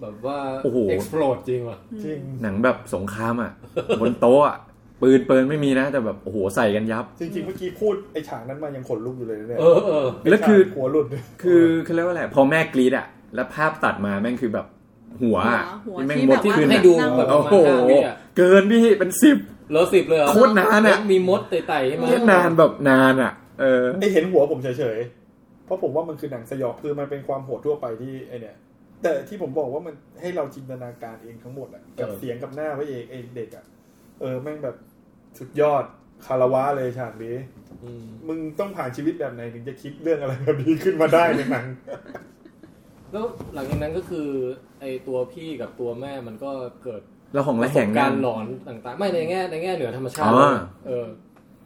Speaker 3: แบบว่า
Speaker 4: โอ้โห
Speaker 3: explode จริงว่ะ
Speaker 6: จริง
Speaker 4: หนังแบบสงครามอ่ะ บนโต๊ะอะปืนเปินไม่มีนะ แต่แบบโอ้โหใส่กันยับ
Speaker 6: จริงๆเมื่อกี้พูดไอ้ฉากนั้นมายังขนลุกอยู่เลยนะเนี่ย
Speaker 3: เออเออ
Speaker 4: แล้วคือ
Speaker 6: หัวหลุด
Speaker 4: คือเขาเรียกว่าอะไรพอแม่กรีดอ่ะ แล้วภาพตัดมาแม่งคือแบบหัวอะ
Speaker 5: หัวหัว
Speaker 4: ที่แม่งมดที่ขึ้
Speaker 5: ที่แบบว่า
Speaker 4: น
Speaker 3: ให้
Speaker 4: อะ
Speaker 3: ดูแบบป
Speaker 4: โอ้
Speaker 3: ระมาณ
Speaker 4: โห
Speaker 3: ห้าวิอ่ะ
Speaker 4: เกินพี่เป็นสิบ
Speaker 3: เหลือสิบเลยเหรอ
Speaker 4: โคตรนานอะ
Speaker 3: แล้วมีมดไต่ๆใช่ไหม
Speaker 4: เนี่ยนานแบบนานอ่ะ เออ
Speaker 6: ไอ้เห็นหัวผมเฉยๆ เพราะผมว่ามันคือหนังสยองคือมันเป็นความโหดทั่วไปที่ไอเนี่ย แต่ที่ผมบอกว่ามันให้เราจินตนาการเองทั้งหมดอะกับเสียงกับหน้าพระเอกไอเด็กอะเออแม่งแบบสุดยอดคารวะเลยฉากนี้
Speaker 3: อืม
Speaker 6: มึงต้องผ่านชีวิตแบบไหนถึงจะคิดเรื่องอะไรแบบนี้ขึ้นมาได้ในหนัง
Speaker 3: แล้วหลังจากนั้นก็คือไอตัวพี่กับตัวแม่มันก็เกิด
Speaker 4: แล้วของละแหง
Speaker 3: การ
Speaker 4: นั้น
Speaker 3: หลอนต่างๆ ไม่ในแง่ในแง่เหนือธรรมชาติ
Speaker 4: อ๋อ
Speaker 3: เออ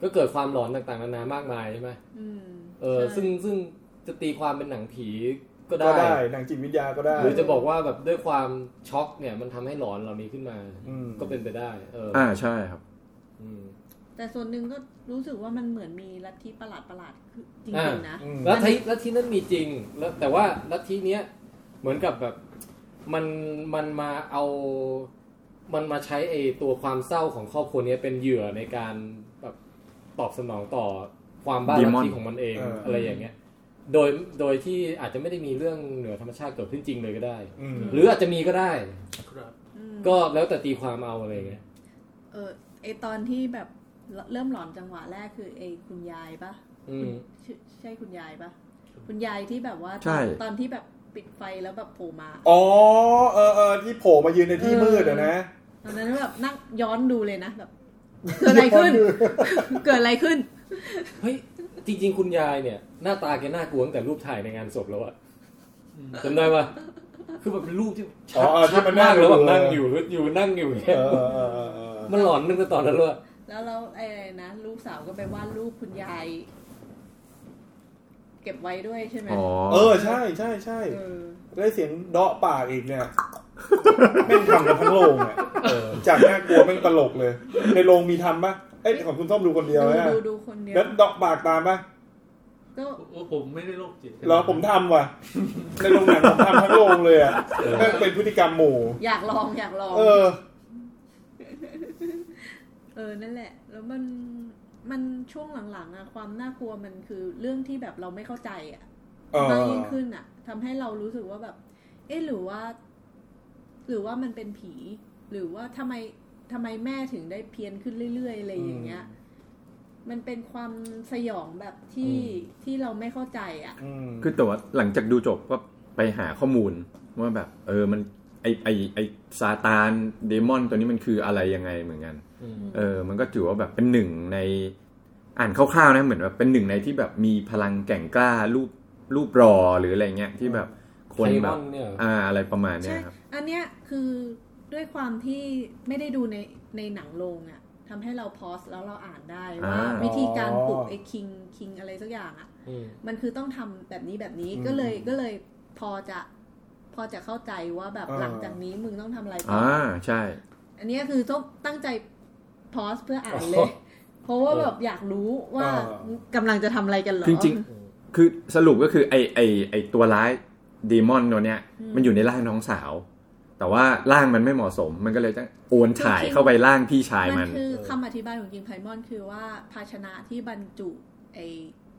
Speaker 3: ก็เกิดความหลอนต่างๆนานามากมายใช่ไหม
Speaker 5: อืม
Speaker 3: เออ
Speaker 5: ใช่
Speaker 3: ซึ่งซึ่งจะตีความเป็นหนังผีก็
Speaker 6: ก็
Speaker 3: ได้
Speaker 6: ได้หนังจิตวิทยาก็ได้
Speaker 3: หรือจะบอกว่าแบบด้วยความช็อกเนี่ย มันทำให้หลอนเหล่านี้ขึ้นมา
Speaker 6: อืม
Speaker 3: ก็เป็นไปได้ เอออ
Speaker 4: อ่าใช่ครับ
Speaker 3: อืม
Speaker 5: แต่ แต่ส่วนหนึ่งก็รู้สึกว่ามันเหมือนมีลัทธิประหลาดประหลาดๆคือจริงๆนะ
Speaker 6: อืม
Speaker 3: ลัทธิลัทธินั้นมีจริงแล้วแต่ว่าลัทธิเนี้ยเหมือนกับแบบมันมันมาเอามันมาใช้ไอตัวความเศร้าของครอบครัวเนี้ยเป็นเหยื่อในการแบบตอบสนองต่อความบ้าลัท
Speaker 4: Demon
Speaker 3: ธิของมันเอง
Speaker 6: เอออ
Speaker 3: อะไรอย่างเงี้ยโดยโดยที่อาจจะไม่ได้มีเรื่องเหนือธรรมชาติเกิดขึ้นจริงเลยก็ได้
Speaker 6: อืม
Speaker 3: หรืออาจจะมีก็ได้
Speaker 5: อืม
Speaker 3: ก็แล้วแต่ตีความเอาอะไรอย่างเงี้ย
Speaker 5: เออไอตอนที่แบบเริ่มหลอนจังหวะแรกคือไอคุณยายปะ
Speaker 3: อืม
Speaker 5: ใช่ใช่คุณยายปะคุณยายที่แบบว่า
Speaker 4: ใช่
Speaker 5: ตอนตอนที่แบบปิดไฟแล้วแบบโผล่มา
Speaker 6: อ๋อเออเออที่โผล่มายืนในที่มืดอะนะ
Speaker 5: ตอนนั้นแบบนั่งย้อนดูเลยนะแบบ เกิดอะไรขึ้น เกิดอะไรขึ้น
Speaker 3: เฮ้ยจริง ๆ คุณยายเนี่ย หน้าตาแกน่ากลัวตั้งแต่รูปถ่ายในงานศพแล้วอะจำได้ปะคือแบบเป็นรูปที่
Speaker 6: อ๋อเออที่มัน
Speaker 3: มากแล้วแบบ
Speaker 6: เ
Speaker 3: นั่งอยู่แล้วอยู่นั่ง อยู่อย่าง
Speaker 6: เอ
Speaker 3: เงี้ย
Speaker 6: อเออเออเออเออ
Speaker 3: มันหลอนนึกแต่ตอนนั้นเลย
Speaker 5: แล้วเราไอ้อะไรนะลูกสาวก็ไปวาดรูปคุณยาย เก็บไว้ด้วยใช่ไหม
Speaker 4: อ๋อ
Speaker 6: เออใช่ใช่ใช่
Speaker 5: เออ
Speaker 6: ได้เสียงเดาะปากอีกเนี่ยแม่งทำกันทั้งโรงอ่ะเออจากน่ากลัวแม่งตลกเลย ในโรงมีทำปะเอ้ยของคุณส้มดูคนเดียวนะ
Speaker 5: ดูดูคนเดียว
Speaker 6: แล้วเดาะปากตามปะ
Speaker 5: ก็
Speaker 2: โอ้ผมไม่ได้โรคจิต
Speaker 6: เหรอผมทำว่ะ ในโรงหนังผมทำทั้งโรงเลยอ่ะแม่งเป็นพฤติกรรมหมู่
Speaker 5: อยากลองอยากลอง
Speaker 6: เออ
Speaker 5: เออนั่นแหละ แล้วมันมันช่วงหลังๆอะความน่ากลัวมันคือเรื่องที่แบบเราไม่เข้าใจอะ
Speaker 6: เออ
Speaker 5: มากยิ่งขึ้นอะทำให้เรารู้สึกว่าแบบ เอ๊ะหรือว่า หรือว่ามันเป็นผี หรือว่าทำไมทำไมแม่ถึงได้เพี้ยนขึ้นเรื่อยๆอะไรอย่างเงี้ย มันเป็นความสยองแบบที่ที่เราไม่เข้าใจอะ่ะ
Speaker 6: อืม
Speaker 4: คือแต่ว่าหลังจากดูจบก็ไปหาข้อมูลว่าแบบ เออมันไอไอไอซาตานเดมอนตัวนี้มันคืออะไรยังไงเหมือนกัน เออ มันก็ถือว่าแบบเป็นหนึ่งในอ่านคร่าวๆนะเหมือนว่าเป็นหนึ่งในที่แบบมีพลังแกร่งกล้ารูปรูปรอหรืออะไรเงี้ยที่แบบคน
Speaker 3: ไท
Speaker 4: แบ
Speaker 3: มอบ นเนี่ย
Speaker 4: อ่าอะไรประมาณเนี้
Speaker 5: ใช่
Speaker 4: ยครับ
Speaker 5: อันเนี้ยคือด้วยความที่ไม่ได้ดูในในหนังโรงอะ่ะทำให้เราพอสแล้วเราอ่านได้ว่า
Speaker 4: อ่า
Speaker 5: วิธีการปลุกไอ้คิงคิงอะไรสักอย่างอ่ะ
Speaker 3: อืม
Speaker 5: มันคือต้องทำแบบนี้แบบนี้ก็เลยก็เลยพอจะพอจะเข้าใจว่าแบบหลังจากนี้มึงต้องทำอะไรต่อ
Speaker 4: อ่า
Speaker 5: อ
Speaker 4: ใช่
Speaker 5: อันเนี้ยคือต้องตั้งใจพอสเพื่ออ่านเลย เพราะว่าแบบอยากรู้ว่ากำลังจะทำอะไรกันเหรอ
Speaker 4: จริงๆ คือสรุปก็คือไอไอไอตัวร้ายเดมอนตัวเนี้ย
Speaker 5: อืม
Speaker 4: มันอยู่ในร่างน้องสาว แต่ว่าร่างมันไม่เหมาะสม มันก็เลยต้องโอนถ่าย
Speaker 5: จริงๆ
Speaker 4: เข้าไปร่างพี่ชาย
Speaker 5: มั
Speaker 4: มัน น
Speaker 5: คือคำอธิบายของกิมไพมอนคือว่าภาชนะที่บรรจุไอ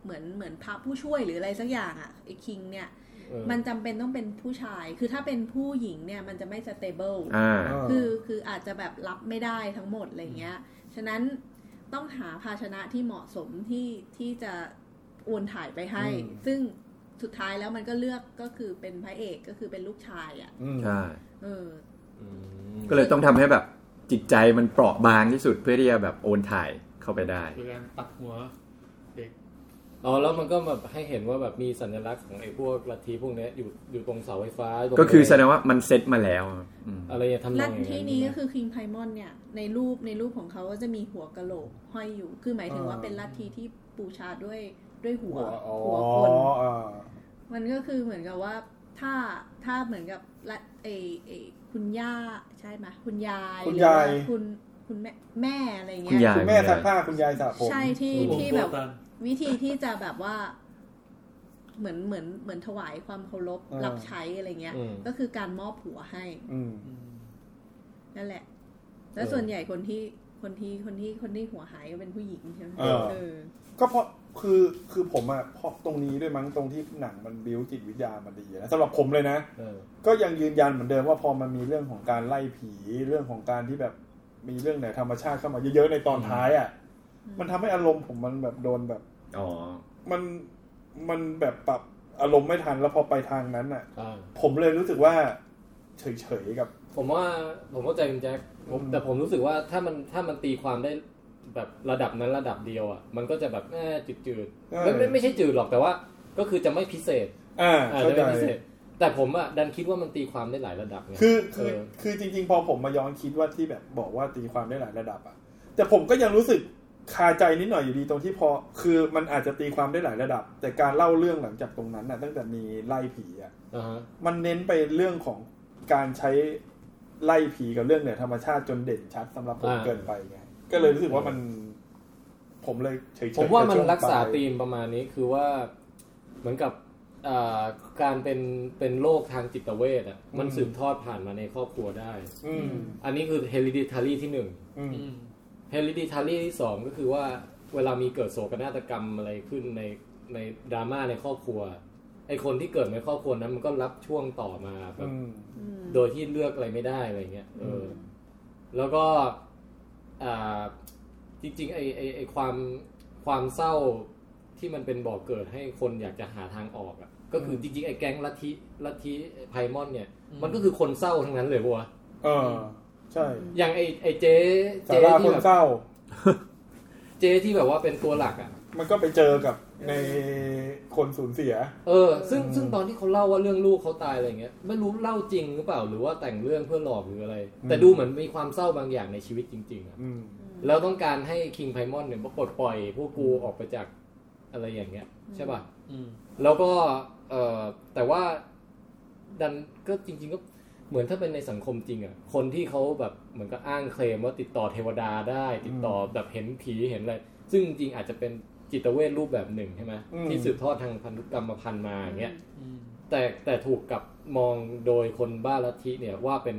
Speaker 5: เหมือนเหมือนพระผู้ช่วยหรืออะไรสักอย่างอะไอคิงเนี่ย
Speaker 3: เออ
Speaker 5: มันจำเป็นต้องเป็นผู้ชาย คือถ้าเป็นผู้หญิงเนี่ยมันจะไม่สเตเบิล
Speaker 4: อ่า
Speaker 5: คือคืออาจจะแบบรับไม่ได้ทั้งหมดอะไรเงี้ย ฉะนั้นต้องหาภาชนะที่เหมาะสมที่ที่จะโอวนถ่ายไปให้ ซึ่งสุดท้ายแล้วมันก็เลือกก็คือเป็นพระเอกก็คือเป็นลูกชายอะ่ะ
Speaker 6: อืม
Speaker 4: ใช่
Speaker 5: เออ
Speaker 3: อืม
Speaker 4: ก็เลยต้องทำให้แบบจิตใจมันเปราะบางที่สุดเพื่อที่จะแบบโอนถ่ายเข้าไปได้
Speaker 2: คือการตัดหัว
Speaker 3: อ๋อแล้วมันก็แบบให้เห็นว่าแบบมีสัญลักษณ์ของไอ้พวกลัทธิพวกเนี้ยอยู่อยู่ตรงเสาไฟฟ้าตรง
Speaker 4: ก็คือแสดงว่ามันเซ็ตมาแล้วอืม
Speaker 3: อะไรอย่างเงี้ยทำนองอ
Speaker 5: ลั
Speaker 3: ย่า
Speaker 5: ท
Speaker 3: งเงี้ย
Speaker 5: ธินี้ก็คือคิงไพมอนเนี่ยในรูปในรูปของเขาก็จะมีหัวกะโหลกห้อยอยู่ คือหมายถึงว่า
Speaker 6: อ่า
Speaker 5: เป็นลัทธิที่ปูชาด้วยด้วยหัว
Speaker 6: อ๋อ
Speaker 5: หัวคน
Speaker 6: อ่า
Speaker 5: มันก็คือเหมือนกับว่าถ้าถ้าเหมือนกับละเอเอคุณย่าใช่ไหมยคุณยาย
Speaker 6: คุณ
Speaker 5: หรือว่
Speaker 6: ยาย
Speaker 5: คุณคุณแม่แม่อะไรเงี้ย
Speaker 4: คุณยาย
Speaker 6: คุณแม่
Speaker 4: คุณ
Speaker 6: ซั
Speaker 4: ยาก ย
Speaker 6: ผ้าคุณยายสระผม
Speaker 5: ใช่ที่
Speaker 2: ผม
Speaker 5: ที่
Speaker 2: โกรธ
Speaker 5: แบบ
Speaker 2: ตัง
Speaker 5: วิธีที่จะแบบว่า เหมือนเหมือนเหมือนถวายความเคารพ
Speaker 6: อ่ารั
Speaker 5: รับใช้อะไรเงี้ย
Speaker 3: อืม
Speaker 5: ก็คือการมอบหัวให้
Speaker 6: อืม
Speaker 5: นั่นแหละ แล้ว
Speaker 3: เออ
Speaker 5: ส่วนใหญ่คนที่คนที่คนที่คนที่หัวหายก็เป็นผู้หญิงใช่ไหม
Speaker 6: เออ
Speaker 5: เออ
Speaker 6: ก็เพราะคือคือผมอะเพราะตรงนี้ด้วยมั้งตรงที่หนังมันบิวจิตวิทยามันดีนะสำหรับผมเลยนะ
Speaker 3: เออ
Speaker 6: ก็ยังยืนยันเหมือนเดิมว่าพอมันมีเรื่องของการไล่ผีเรื่องของการที่แบบมีเรื่องไหนธรรมชาติเข้ามาเยอะๆในตอนท้ายอะ
Speaker 5: อืม
Speaker 6: มันทำให้อารมณ์ผมมันแบบโดนแบบ
Speaker 4: อ๋อ
Speaker 6: มันมันแบบปรับอารมณ์ไม่ทันแล้วพอไปทางนั้นอะ
Speaker 3: อ่า
Speaker 6: ผมเลยรู้สึกว่าเฉยๆกับ
Speaker 3: ผมว่าผมเข้าใจคุณแจ็คผม
Speaker 6: อืม
Speaker 3: แต่ผมรู้สึกว่าถ้ามันถ้ามันตีความได้แบบระดับนั้นระดับเดียวอ่ะมันก็จะแบบแอบจืดๆไม่ไม่ไม่ใช่จืดหรอกแต่ว่า ก็คือจะไม่พิเศษ
Speaker 6: อ่า
Speaker 3: อาจ
Speaker 6: เข้า
Speaker 3: จะ
Speaker 6: ใจ
Speaker 3: ไม่พิเศษ แต่ผมอ่ะดันคิดว่ามันตีความได้หลายระดับไง
Speaker 6: คือคือ
Speaker 3: เออ
Speaker 6: คือจริง ๆ พอผมมาย้อนคิดว่าที่แบบบอกว่าตีความได้หลายระดับอะแต่ผมก็ยังรู้สึกคาใจนิดหน่อยอยู่ดีตรงที่พอ คือมันอาจจะตีความได้หลายระดับ แต่การเล่าเรื่องหลังจากตรงนั้นน่ะ ตั้งแต่มีไล่ผีอะ
Speaker 3: อ่าฮะ
Speaker 6: มันเน้นไปเรื่องของการใช้ไล่ผีกับเรื่องเหนือธรรมชาติจนเด่นชัดสำหรับผมเกินไปไงก็เลยรู้สึกว่ามัน ผมเลยเฉยๆ
Speaker 3: ผมว่ามัน
Speaker 6: กับช่
Speaker 3: รักษา
Speaker 6: ไป
Speaker 3: ธีมประมาณนี้คือว่าเหมือนกับเอ่อการเป็นเป็นโรคทางจิตเวชอ่ะมัน
Speaker 6: อืม
Speaker 3: สืบทอดผ่านมาในครอบครัวได้
Speaker 6: อืม
Speaker 3: อันนี้คือ hereditary ที่หนึ่ง
Speaker 6: อืม
Speaker 3: hereditary ที่สองก็คือว่าเวลามีเกิดโศกนาฏกรรมอะไรขึ้นในในดราม่าในครอบครัวไอคนที่เกิดในครอบครัวนั้นมันก็รับช่วงต่อมาแบ
Speaker 6: อื
Speaker 3: บ
Speaker 6: ม
Speaker 5: อืม
Speaker 3: โดยที่เลือกอะไรไม่ได้อะไรเงี้ยเอออ
Speaker 6: ม
Speaker 3: แล้วก็อ่าจริงๆไอไอไอความความเศร้าที่มันเป็นบ่อกเกิดให้คนอยากจะหาทางออกอะก็คือจริงๆไอแก๊งลัทธิลัทธิไพมอนเนี่ย มันก็คือคนเศร้าทั้งนั้นเลยวัวะ
Speaker 6: เออ ใช่
Speaker 3: อย่างไอไอเจ๊
Speaker 6: สา
Speaker 3: เจ๊
Speaker 6: ราค
Speaker 3: ที่
Speaker 6: น
Speaker 3: แบบ
Speaker 6: เศร้า
Speaker 3: เจ๊ที่แบบว่าเป็นตัวหลักอะ
Speaker 6: มันก็ไปเจอกับในคนสูญเสีย
Speaker 3: เออซึ่งซึ่งตอนที่เขาเล่าว่าเรื่องลูกเขาตายอะไรเงี้ยไม่รู้เล่าจริงหรือเปล่าหรือว่าแต่งเรื่องเพื่อหลอกหรืออะไร แต่
Speaker 6: อืม
Speaker 3: ดูเหมือนมีความเศร้าบางอย่างในชีวิตจริงๆอะ
Speaker 6: อืม
Speaker 3: แล้วต้องการให้คิงไพมอนเนี่ยปลดปล่อยพวกกูออกไปจากอะไรอย่างเงี้ยใช่ป่ะแล้วก็เออแต่ว่าดันก็จริง ๆ ก็เหมือนถ้าเป็นในสังคมจริงอะคนที่เขาแบบเหมือนกับอ้างเคลมว่าติดต่อเทวดาได้ ติดต่อแบบเห็นผีเห็นอะไรซึ่งจริงๆอาจจะเป็นจิตเวชรูปแบบหนึ่งใช่ไหม
Speaker 6: อืม
Speaker 3: ที่สืบทอดทางพันธุกรรมพันธุ์มาอย่างเงี้ย แต่แต่ถูกกลับมองโดยคนบ้าลัทธิเนี่ยว่าเป็น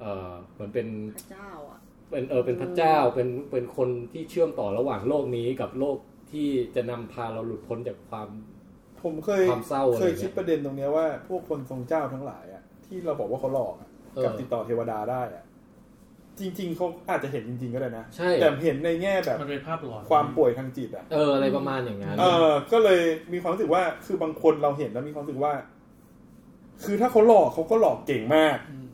Speaker 3: เออเหมือนเป็น
Speaker 5: พระเจ้าอ่ะ
Speaker 3: เป็นเออเป็นพระเจ้าเป็นเป็นคนที่เชื่อมต่อระหว่างโลกนี้กับโลกที่จะนำพาเราหลุดพ้นจากความ
Speaker 6: ผมเคย
Speaker 3: ความเศร้า
Speaker 6: เค
Speaker 3: อะ
Speaker 6: ย
Speaker 3: ไรเงี้ย
Speaker 6: คิดประเด็นตรงเนี้ยว่า พวกคนทรงเจ้าทั้งหลายอะที่เราบอกว่าเขาหลอกอะ
Speaker 3: เออ
Speaker 6: กับติดต่อเทวดาได้อะจริง ๆเขาอาจจะเห็นจริง ๆ ก็ได้นะ
Speaker 3: ใช่
Speaker 6: แต่เห็นในแง่แบบ
Speaker 2: มันเป็นภาพหลอน
Speaker 6: ความป่วยทางจิตอะ
Speaker 3: เอออะไรประมาณอย่างนั้น
Speaker 6: เออ ก็เลยมีความรู้สึกว่าคือบางคนเราเห็นแล้วมีความรู้สึกว่า คือถ้าเขาหลอกเขาก็หลอกเก่งมาก
Speaker 2: ม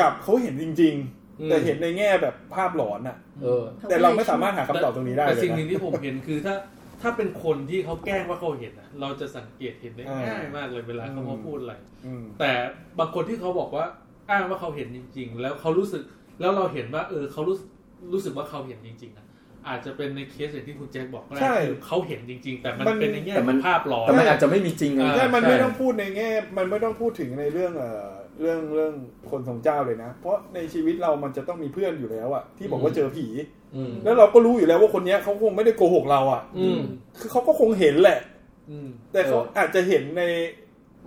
Speaker 6: กับเขาเห็นจริง
Speaker 3: อื
Speaker 6: ๆ
Speaker 3: ม
Speaker 6: แต่เห็นในแง่แบบภาพหลอนอะ
Speaker 3: เออ
Speaker 6: แต่เราไม่สามารถหาคำตอบตรงนี้ได้เล
Speaker 2: แต่
Speaker 6: ย
Speaker 2: สิ่งหนึ่ง
Speaker 6: นะ
Speaker 2: ที่ผมเห็นคือถ้าถ้าเป็นคนที่เขาแกล้งว่าเขาเห็นอะเราจะสังเกตเห็นได้
Speaker 6: อ่า
Speaker 2: ง่ายมากเลยเวลาเขามาพูดอะไร
Speaker 6: อืม
Speaker 2: แต่บางคนที่เขาบอกว่าอ้างว่าเขาเห็นจริง ๆ แล้วเขารู้สึกแล้วเราเห็นว่า เออเขารู้สึกรู้สึกว่าเขาเห็นจริงๆนะอาจจะเป็นในเคสอย่างที่คุณแจ็คบอกก็ได้
Speaker 6: ใช่
Speaker 2: คือเขาเห็นจริง ๆ แต่มัน
Speaker 6: มัน
Speaker 2: เป็นในแง่
Speaker 4: แต่
Speaker 2: ข
Speaker 4: มั
Speaker 2: อน งภาพหลอน
Speaker 4: แต่มันอาจจะไม่มีจริง
Speaker 2: เอ
Speaker 4: อะ
Speaker 2: อ
Speaker 6: ใช่มัน
Speaker 4: ใช่
Speaker 6: ไม่ต้องพูดในแง่ มันไม่ต้องพูดถึงในเรื่องเอ่อเรื่องเรื่องคนทรงเจ้าเลยนะ เพราะในชีวิตเรามันจะต้องมีเพื่อนอยู่แล้วอะที่บอกว่าเจอผี
Speaker 3: อืม
Speaker 6: แล้วเราก็รู้อยู่แล้วว่าคนเนี้ยเขาคงไม่ได้โกหกเราอะ
Speaker 3: อืม
Speaker 6: คือเขาก็คงเห็นแหละ
Speaker 2: อืม
Speaker 6: แต่เขา
Speaker 3: เอออ
Speaker 6: อาจจะเห็นใน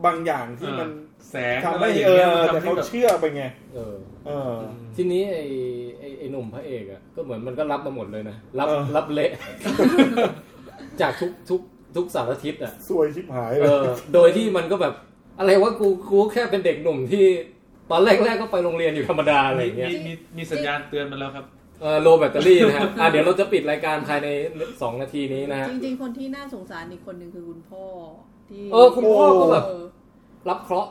Speaker 6: บางอย่างที่มัน
Speaker 2: แสง
Speaker 6: ทำ
Speaker 2: อะไร
Speaker 6: ให้
Speaker 2: อย่าง
Speaker 6: เอ
Speaker 2: เงี้ย
Speaker 6: อ
Speaker 2: มันทำ
Speaker 6: แต่
Speaker 2: ให้
Speaker 6: เขา
Speaker 2: แบบ
Speaker 6: เชื่อไปไง
Speaker 3: เออ
Speaker 6: เออ
Speaker 3: ทีนี้ไอไอ้ไอหนุ่มพระเอกอะก็เหมือนมันก็รับมาหมดเลยนะรับ
Speaker 6: เออ
Speaker 3: รับเละ จากทุกทุกทุกสารทิศอะ
Speaker 6: ซวยชิบหายเล
Speaker 3: เอย อโดยที่มันก็แบบอะไรวะกูกูแค่เป็นเด็กหนุ่มที่ตอนแรกๆก็ไปโรงเรียนอยู่ธรรมดาอะไร
Speaker 2: มี
Speaker 3: อย่างเงี้ย
Speaker 2: มีมีมีสัญญาณเตือนมาแล้วครับ
Speaker 3: เออโลแบตเตอรี่นะฮะอ่ะเดี๋ยวเราจะปิดรายการภายใน 2 นาทีนี้นะฮะ
Speaker 5: จริงๆ คนที่น่าสงสารอีกคนหนึ่งคือคุณพ่อที่
Speaker 3: เออ คุณพ่อ
Speaker 6: โอ้
Speaker 3: ก็แบบ
Speaker 5: เออ
Speaker 3: รับเคราะห์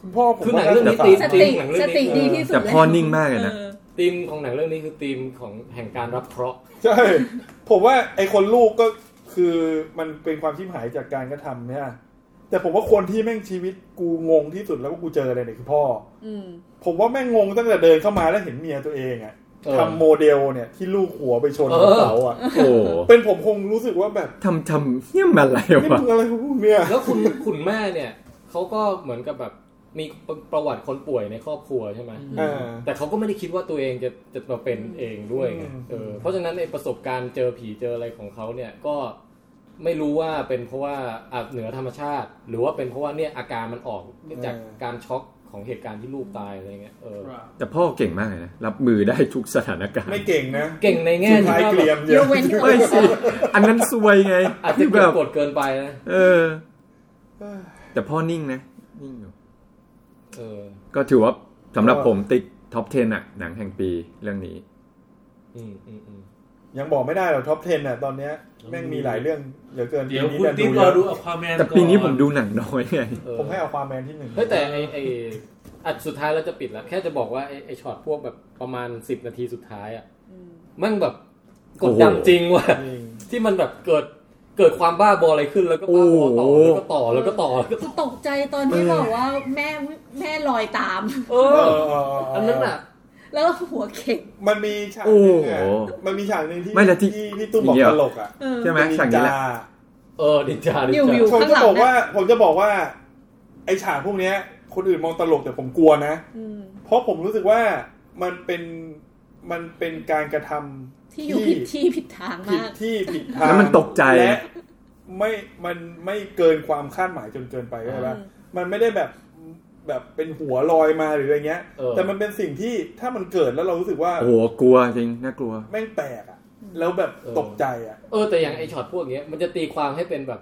Speaker 6: คุณพ่อผม
Speaker 3: คือหนั
Speaker 6: ว่าง
Speaker 3: เรื่องนี้
Speaker 6: จะ
Speaker 3: ตี
Speaker 5: ส
Speaker 6: ตาย
Speaker 5: ติ
Speaker 3: หนังเรื่องนี้
Speaker 5: สติดีที่สุด
Speaker 4: แต่
Speaker 5: เลย
Speaker 4: พ่อนิ่งมากเลยนะ
Speaker 5: ออ
Speaker 3: ธีมของหนังเรื่องนี้คือธีมของแห่งการรับเคราะห์
Speaker 6: ใช่ ผมว่าไอคนลูกก็คือมันเป็นความชิบหายจากการกระทำเนี่ยแต่ผมว่าคนที่แม่งชีวิตกูงงที่สุดแล้วก็กูเจอเลยเนี่ยคือพ่อ
Speaker 5: อืม
Speaker 6: ผมว่าแม่งงงตั้งแต่เดินเข้ามาแล้วเห็นเมียตัวเองอะ
Speaker 3: เออ
Speaker 6: ทำโมเดลเนี่ยที่ลูกหัวไปชน
Speaker 3: เออ
Speaker 6: เสาอะ
Speaker 4: โอ้
Speaker 6: เป็นผมคงรู้สึกว่าแบบ
Speaker 4: ทำทำเฮี้ยมอะไร
Speaker 6: นี่
Speaker 4: วะ
Speaker 6: มึงอะไรของพวกเนี่ย
Speaker 3: แล้วคุณคุณแม่เนี่ยเขาก็เหมือนกับแบบมีประวัติคนป่วยในครอบครัวใช่ไหม
Speaker 2: อืม
Speaker 6: อ่า
Speaker 3: แต่เขาก็ไม่ได้คิดว่าตัวเองจะจะมาเป็นเองด้วยไง
Speaker 6: อืม
Speaker 3: เออเพราะฉะนั้นไอประสบการณ์เจอผีเจออะไรของเขาเนี่ยก็ไม่รู้ว่าเป็นเพราะว่าอาจเหนือธรรมชาติ หรือว่าเป็นเพราะว่าเนี่ยอาการมันออกจากการช็อกของเหตุการณ์ที่ลูกตายอะไรเงี้ยเออ
Speaker 4: แต่พ่อเก่งมากเลยนะ รับมือได้ทุกสถานการณ์
Speaker 6: ไม่เก่งนะ
Speaker 3: เก่งในแง่
Speaker 6: สุ
Speaker 3: ที่
Speaker 6: ดท้าย
Speaker 3: ว่า
Speaker 6: เก
Speaker 3: แบ
Speaker 6: ลีย
Speaker 3: บ
Speaker 6: ม
Speaker 5: ย
Speaker 6: เยอะ
Speaker 5: กเว้นที่
Speaker 4: ไม่สิอันนั้นซวยไง
Speaker 3: อาจจะ
Speaker 4: ที่
Speaker 3: แบ
Speaker 4: แบบ บ
Speaker 3: กดเกินไปนะ
Speaker 4: เออ แต่พ่อนิ่งนะ นิ่งอยู่
Speaker 3: เออ
Speaker 4: ก็ถือว่าสำหรับผมติดท็อป 10อะหนังแห่งปีเรื่องนี้
Speaker 3: อืมอืมอืม
Speaker 6: ยังบอกไม่ได้หรอกท็อป 10 อ่ะตอนเนี้ยแม่งมีหลายเรื่องเหลือเกิน
Speaker 2: เดี๋ยว
Speaker 6: ปีนี้
Speaker 2: คุณ
Speaker 6: ดัน
Speaker 2: ติ๊ก
Speaker 6: ดูเย
Speaker 2: รอ
Speaker 6: อะ
Speaker 2: ดูอควาแมน
Speaker 4: แต่ปีนี้ผมดูหนังน้อยไง
Speaker 3: เออ
Speaker 6: ผมให้เอาความแมนที่หนึ่ง
Speaker 3: เฮ้ยแต่ไอไออัดสุดท้ายเราจะปิดแล้วแค่จะบอกว่าไอไอช็อตพวกแบบประมาณสิบนาทีสุดท้ายอ่ะมันแบบกดดัน
Speaker 4: โอ้โห
Speaker 3: จริงว่ะ
Speaker 6: จริง
Speaker 3: ที่มันแบบเกิดเกิดความบ้าบออะไรขึ้นแล้วก็บ้าบอต่อ
Speaker 4: โอ้โห
Speaker 3: แล้วก็ต่อแล้วก็ต่อแล้วก็
Speaker 5: คือตกใจตอนที่บอกว่าแม่แม่ลอยตาม
Speaker 3: เอ
Speaker 6: เอ
Speaker 3: อ
Speaker 6: อเออเ
Speaker 3: อันนั้นอ่ะ
Speaker 5: แล้วหัวเข็ง
Speaker 6: มันมีฉากหนึงอะ
Speaker 4: โอ้โห
Speaker 6: มันมีฉากหนึ่งที่
Speaker 4: ไม่แล้วที่
Speaker 6: ที่ที่ตุ้มบอก
Speaker 4: อย่างเงี้ย
Speaker 6: ตลกอ่ะ
Speaker 5: เออ
Speaker 4: ใช่ไหมฉากนี้แหละ
Speaker 3: เออดิจาดิ
Speaker 5: อยู่อยู่
Speaker 3: จา
Speaker 6: ผมจะ
Speaker 5: ข้างหลัง
Speaker 6: บอก
Speaker 5: นะ
Speaker 6: ว่า ผมจะบอกว่า ไอฉากพวกเนี้ย คนอื่นมองตลกแต่ผมกลัวนะ
Speaker 5: อืม
Speaker 6: เพราะผมรู้สึกว่ามันเป็นมันเป็นการกระทำ
Speaker 5: ที่อยู่ผิดที่ผิดทาง
Speaker 6: ผิด
Speaker 5: มาก
Speaker 6: ที่ผิดทาง
Speaker 4: แล้วมันตกใจ
Speaker 6: และไม่มันไม่เกินความคาดหมายจนเกินไปใช่ไหมมันไม่ได้แบบแบบเป็นหัวลอยมาหรืออะไรเงี้ย
Speaker 3: เออ
Speaker 6: แต่มันเป็นสิ่งที่ถ้ามันเกิดแล้วเรารู้สึกว่า
Speaker 4: โอ้โหกลัวจริงน่ากลัว
Speaker 6: แม่งแปลกอะแล้วแบบ
Speaker 3: เออ
Speaker 6: ตกใจอะ
Speaker 3: เออแต่อย่างไอช็อตพวกเนี้ยมันจะตีความให้เป็นแบบ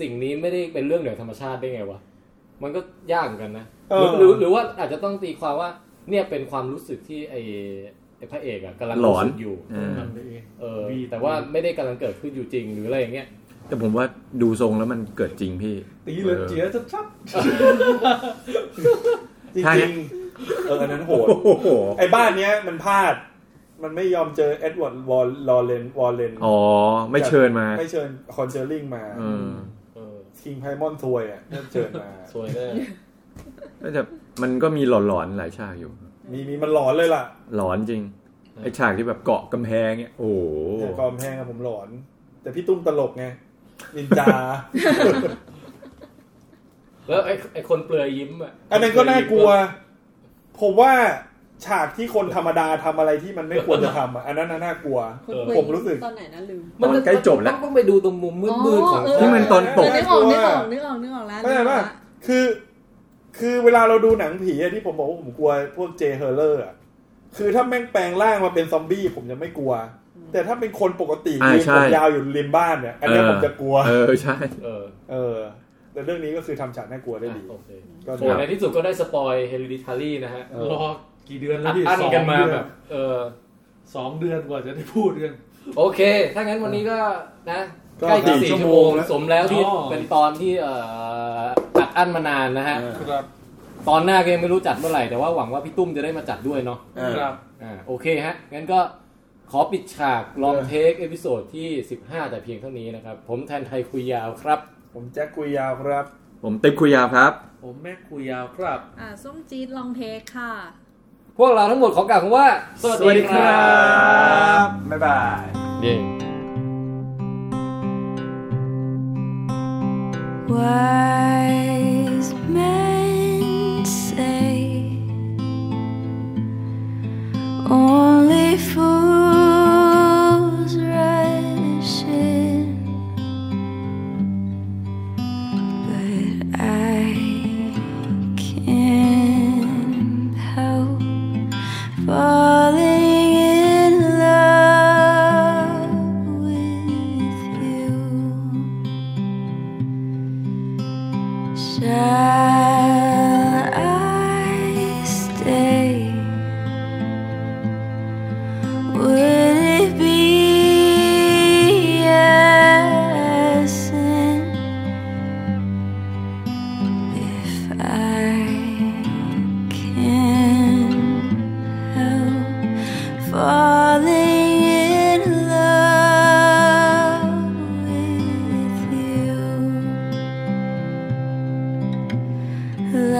Speaker 3: สิ่งนี้ไม่ได้เป็นเรื่องเหนือธรรมชาติได้ไงวะมันก็ยากเหมือนกันนะ
Speaker 6: เอ
Speaker 3: หรือ
Speaker 6: อ
Speaker 3: หรือหรือว่าอาจจะต้องตีความว่าเนี่ยเป็นความรู้สึกที่ไอไอพระเอกอะกำลัง
Speaker 4: หลอน
Speaker 3: รู้สึกอยู่
Speaker 4: เออ
Speaker 3: เออแต่ว่าไม่ได้กำลังเกิดขึ้นอยู่จริงหรืออะไรอย่างเงี้ย
Speaker 4: แต่ผมว่าดูทรงแล้วมันเกิดจริงพี่
Speaker 6: ตีเลยเจีย
Speaker 4: ออ
Speaker 6: จะชับจ
Speaker 4: ใช่
Speaker 6: ริงๆเอออันนั้นโหด
Speaker 4: โอ้โห
Speaker 6: ไอ้บ้านเนี้ยมันพลาด มันไม่ยอมเจอเอ็ดเวร์ดวอลลอเรนวอลเลน
Speaker 4: อ๋อ ไม่เชิญมา
Speaker 6: ไม่เชิญคอนเจอริงมา
Speaker 4: เออ
Speaker 3: เออ
Speaker 6: คิงไพมอนทวยอ่ะเชิญมา
Speaker 3: สวยเลย
Speaker 4: ก็จะมันก็มีหลอนๆหลายฉากอยู่
Speaker 6: มีมีมันหลอนเลยล่ะ
Speaker 4: หลอนจริง ไอฉากที่แบบเกาะกำแพงเนี่ยโอ้โห
Speaker 6: แต่กอมแห้งอะผมหลอน แต่พี่ตุ้มตลกไงนินจา
Speaker 3: แล้วไอ้ไอ้คนเปลือยยิ้มอ่ะ
Speaker 6: อันนั้นก็น่ากลัว ผมว่าฉากที่คนธรรมดาทำอะไรที่มันไม่ควรจะทำอะอันนั้นน่ะน่ากลัว
Speaker 5: คนคุย
Speaker 6: ผมรู้สึก
Speaker 5: ตอนไหนนะลืม
Speaker 4: ตอนใกล้จบแล้ว
Speaker 3: ต้องต้องไปดูตรงมุมมืดๆของ
Speaker 5: อ๋อเออ
Speaker 4: ที่มันตอนตก
Speaker 5: เออนึกออกนึกออกนึกออกนึกออกแล้ว
Speaker 6: เข้าใจ
Speaker 5: นึกออ
Speaker 6: ป่ะ
Speaker 5: กละ
Speaker 6: คือ คือเวลาเราดูหนังผีอะที่ผมบอกว่าผมกลัวพวกเจเฮอร์เลอร์อะคือถ้าแม่งแปลงร่างมาเป็นซอมบี้ผมจะไม่กลัว แต่ถ้าเป็นคนปกติ
Speaker 4: อ่า
Speaker 6: ยืน
Speaker 4: ใช่
Speaker 6: ผมยาวอยู่ริมบ้านเนี่ย อันเนี้ยผมจะกลัว
Speaker 4: เออใช่
Speaker 3: เออ
Speaker 6: เออ แต่เรื่องนี้ก็คือทำฉากน่ากลัวได้
Speaker 3: อ่ะ
Speaker 6: ดี
Speaker 3: โอเค
Speaker 6: ก็
Speaker 3: โห
Speaker 6: ดี
Speaker 3: ในที่สุดก็ได้สปอยเฮลิทารีนะฮะ
Speaker 6: เอ
Speaker 2: ร
Speaker 6: อ
Speaker 2: อกี่เดือนแล้
Speaker 3: อั
Speaker 2: ว
Speaker 3: ด
Speaker 2: ดิ
Speaker 3: อั้น
Speaker 2: สอง
Speaker 3: กันมา
Speaker 2: เดือ
Speaker 3: แบ
Speaker 2: น
Speaker 3: บ เออ
Speaker 2: สองเดือนกว่าจะได้พูดกัน
Speaker 3: โอเค ถ้างั้นวันนี้ก็นะ
Speaker 6: ก็
Speaker 3: ใกล้จะ
Speaker 6: สี่
Speaker 3: สี่
Speaker 6: ชั่
Speaker 3: ชั่
Speaker 6: ว
Speaker 3: ว
Speaker 6: โม
Speaker 3: โม
Speaker 6: ง
Speaker 3: ง
Speaker 6: แล้ว
Speaker 3: สมแล้วที่
Speaker 2: อ๋อ
Speaker 3: เป็นตอนที่เอ่ออัดอั้นมานานนะฮะ
Speaker 2: ครับ
Speaker 3: ตอนหน้าก็ยังไม่รู้จัดเมื่อไหร่ แต่ว่าหวังว่าพี่ตุ้มจะได้มาจัดด้วยเนาะ
Speaker 6: เออ
Speaker 2: ครับ
Speaker 3: อ่าโอเคฮะ งั้นก็ขอปิดฉากลองเทคเอพิโซดที่ 15 แต่เพียงเท่านี้นะครับ ผมแทนไทยคุยยาวครับ
Speaker 6: ผมแจ็คกุยยาวครับ
Speaker 4: ผมติ๊บคุยยาวครับ
Speaker 2: ผมแม่คุยยาวครับ
Speaker 5: อ่าส้มจี๊ดลองเทคค่ะ
Speaker 3: พวกเราทั้งหมดขอกล่าวคำว่า
Speaker 6: สวัสดีครับ บ๊ายบาย
Speaker 17: Wise men say only fools rush in, but I can't help falling in love with you. Shall I stay? Would it be a sin if I can help falling in love with you?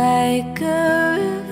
Speaker 17: like a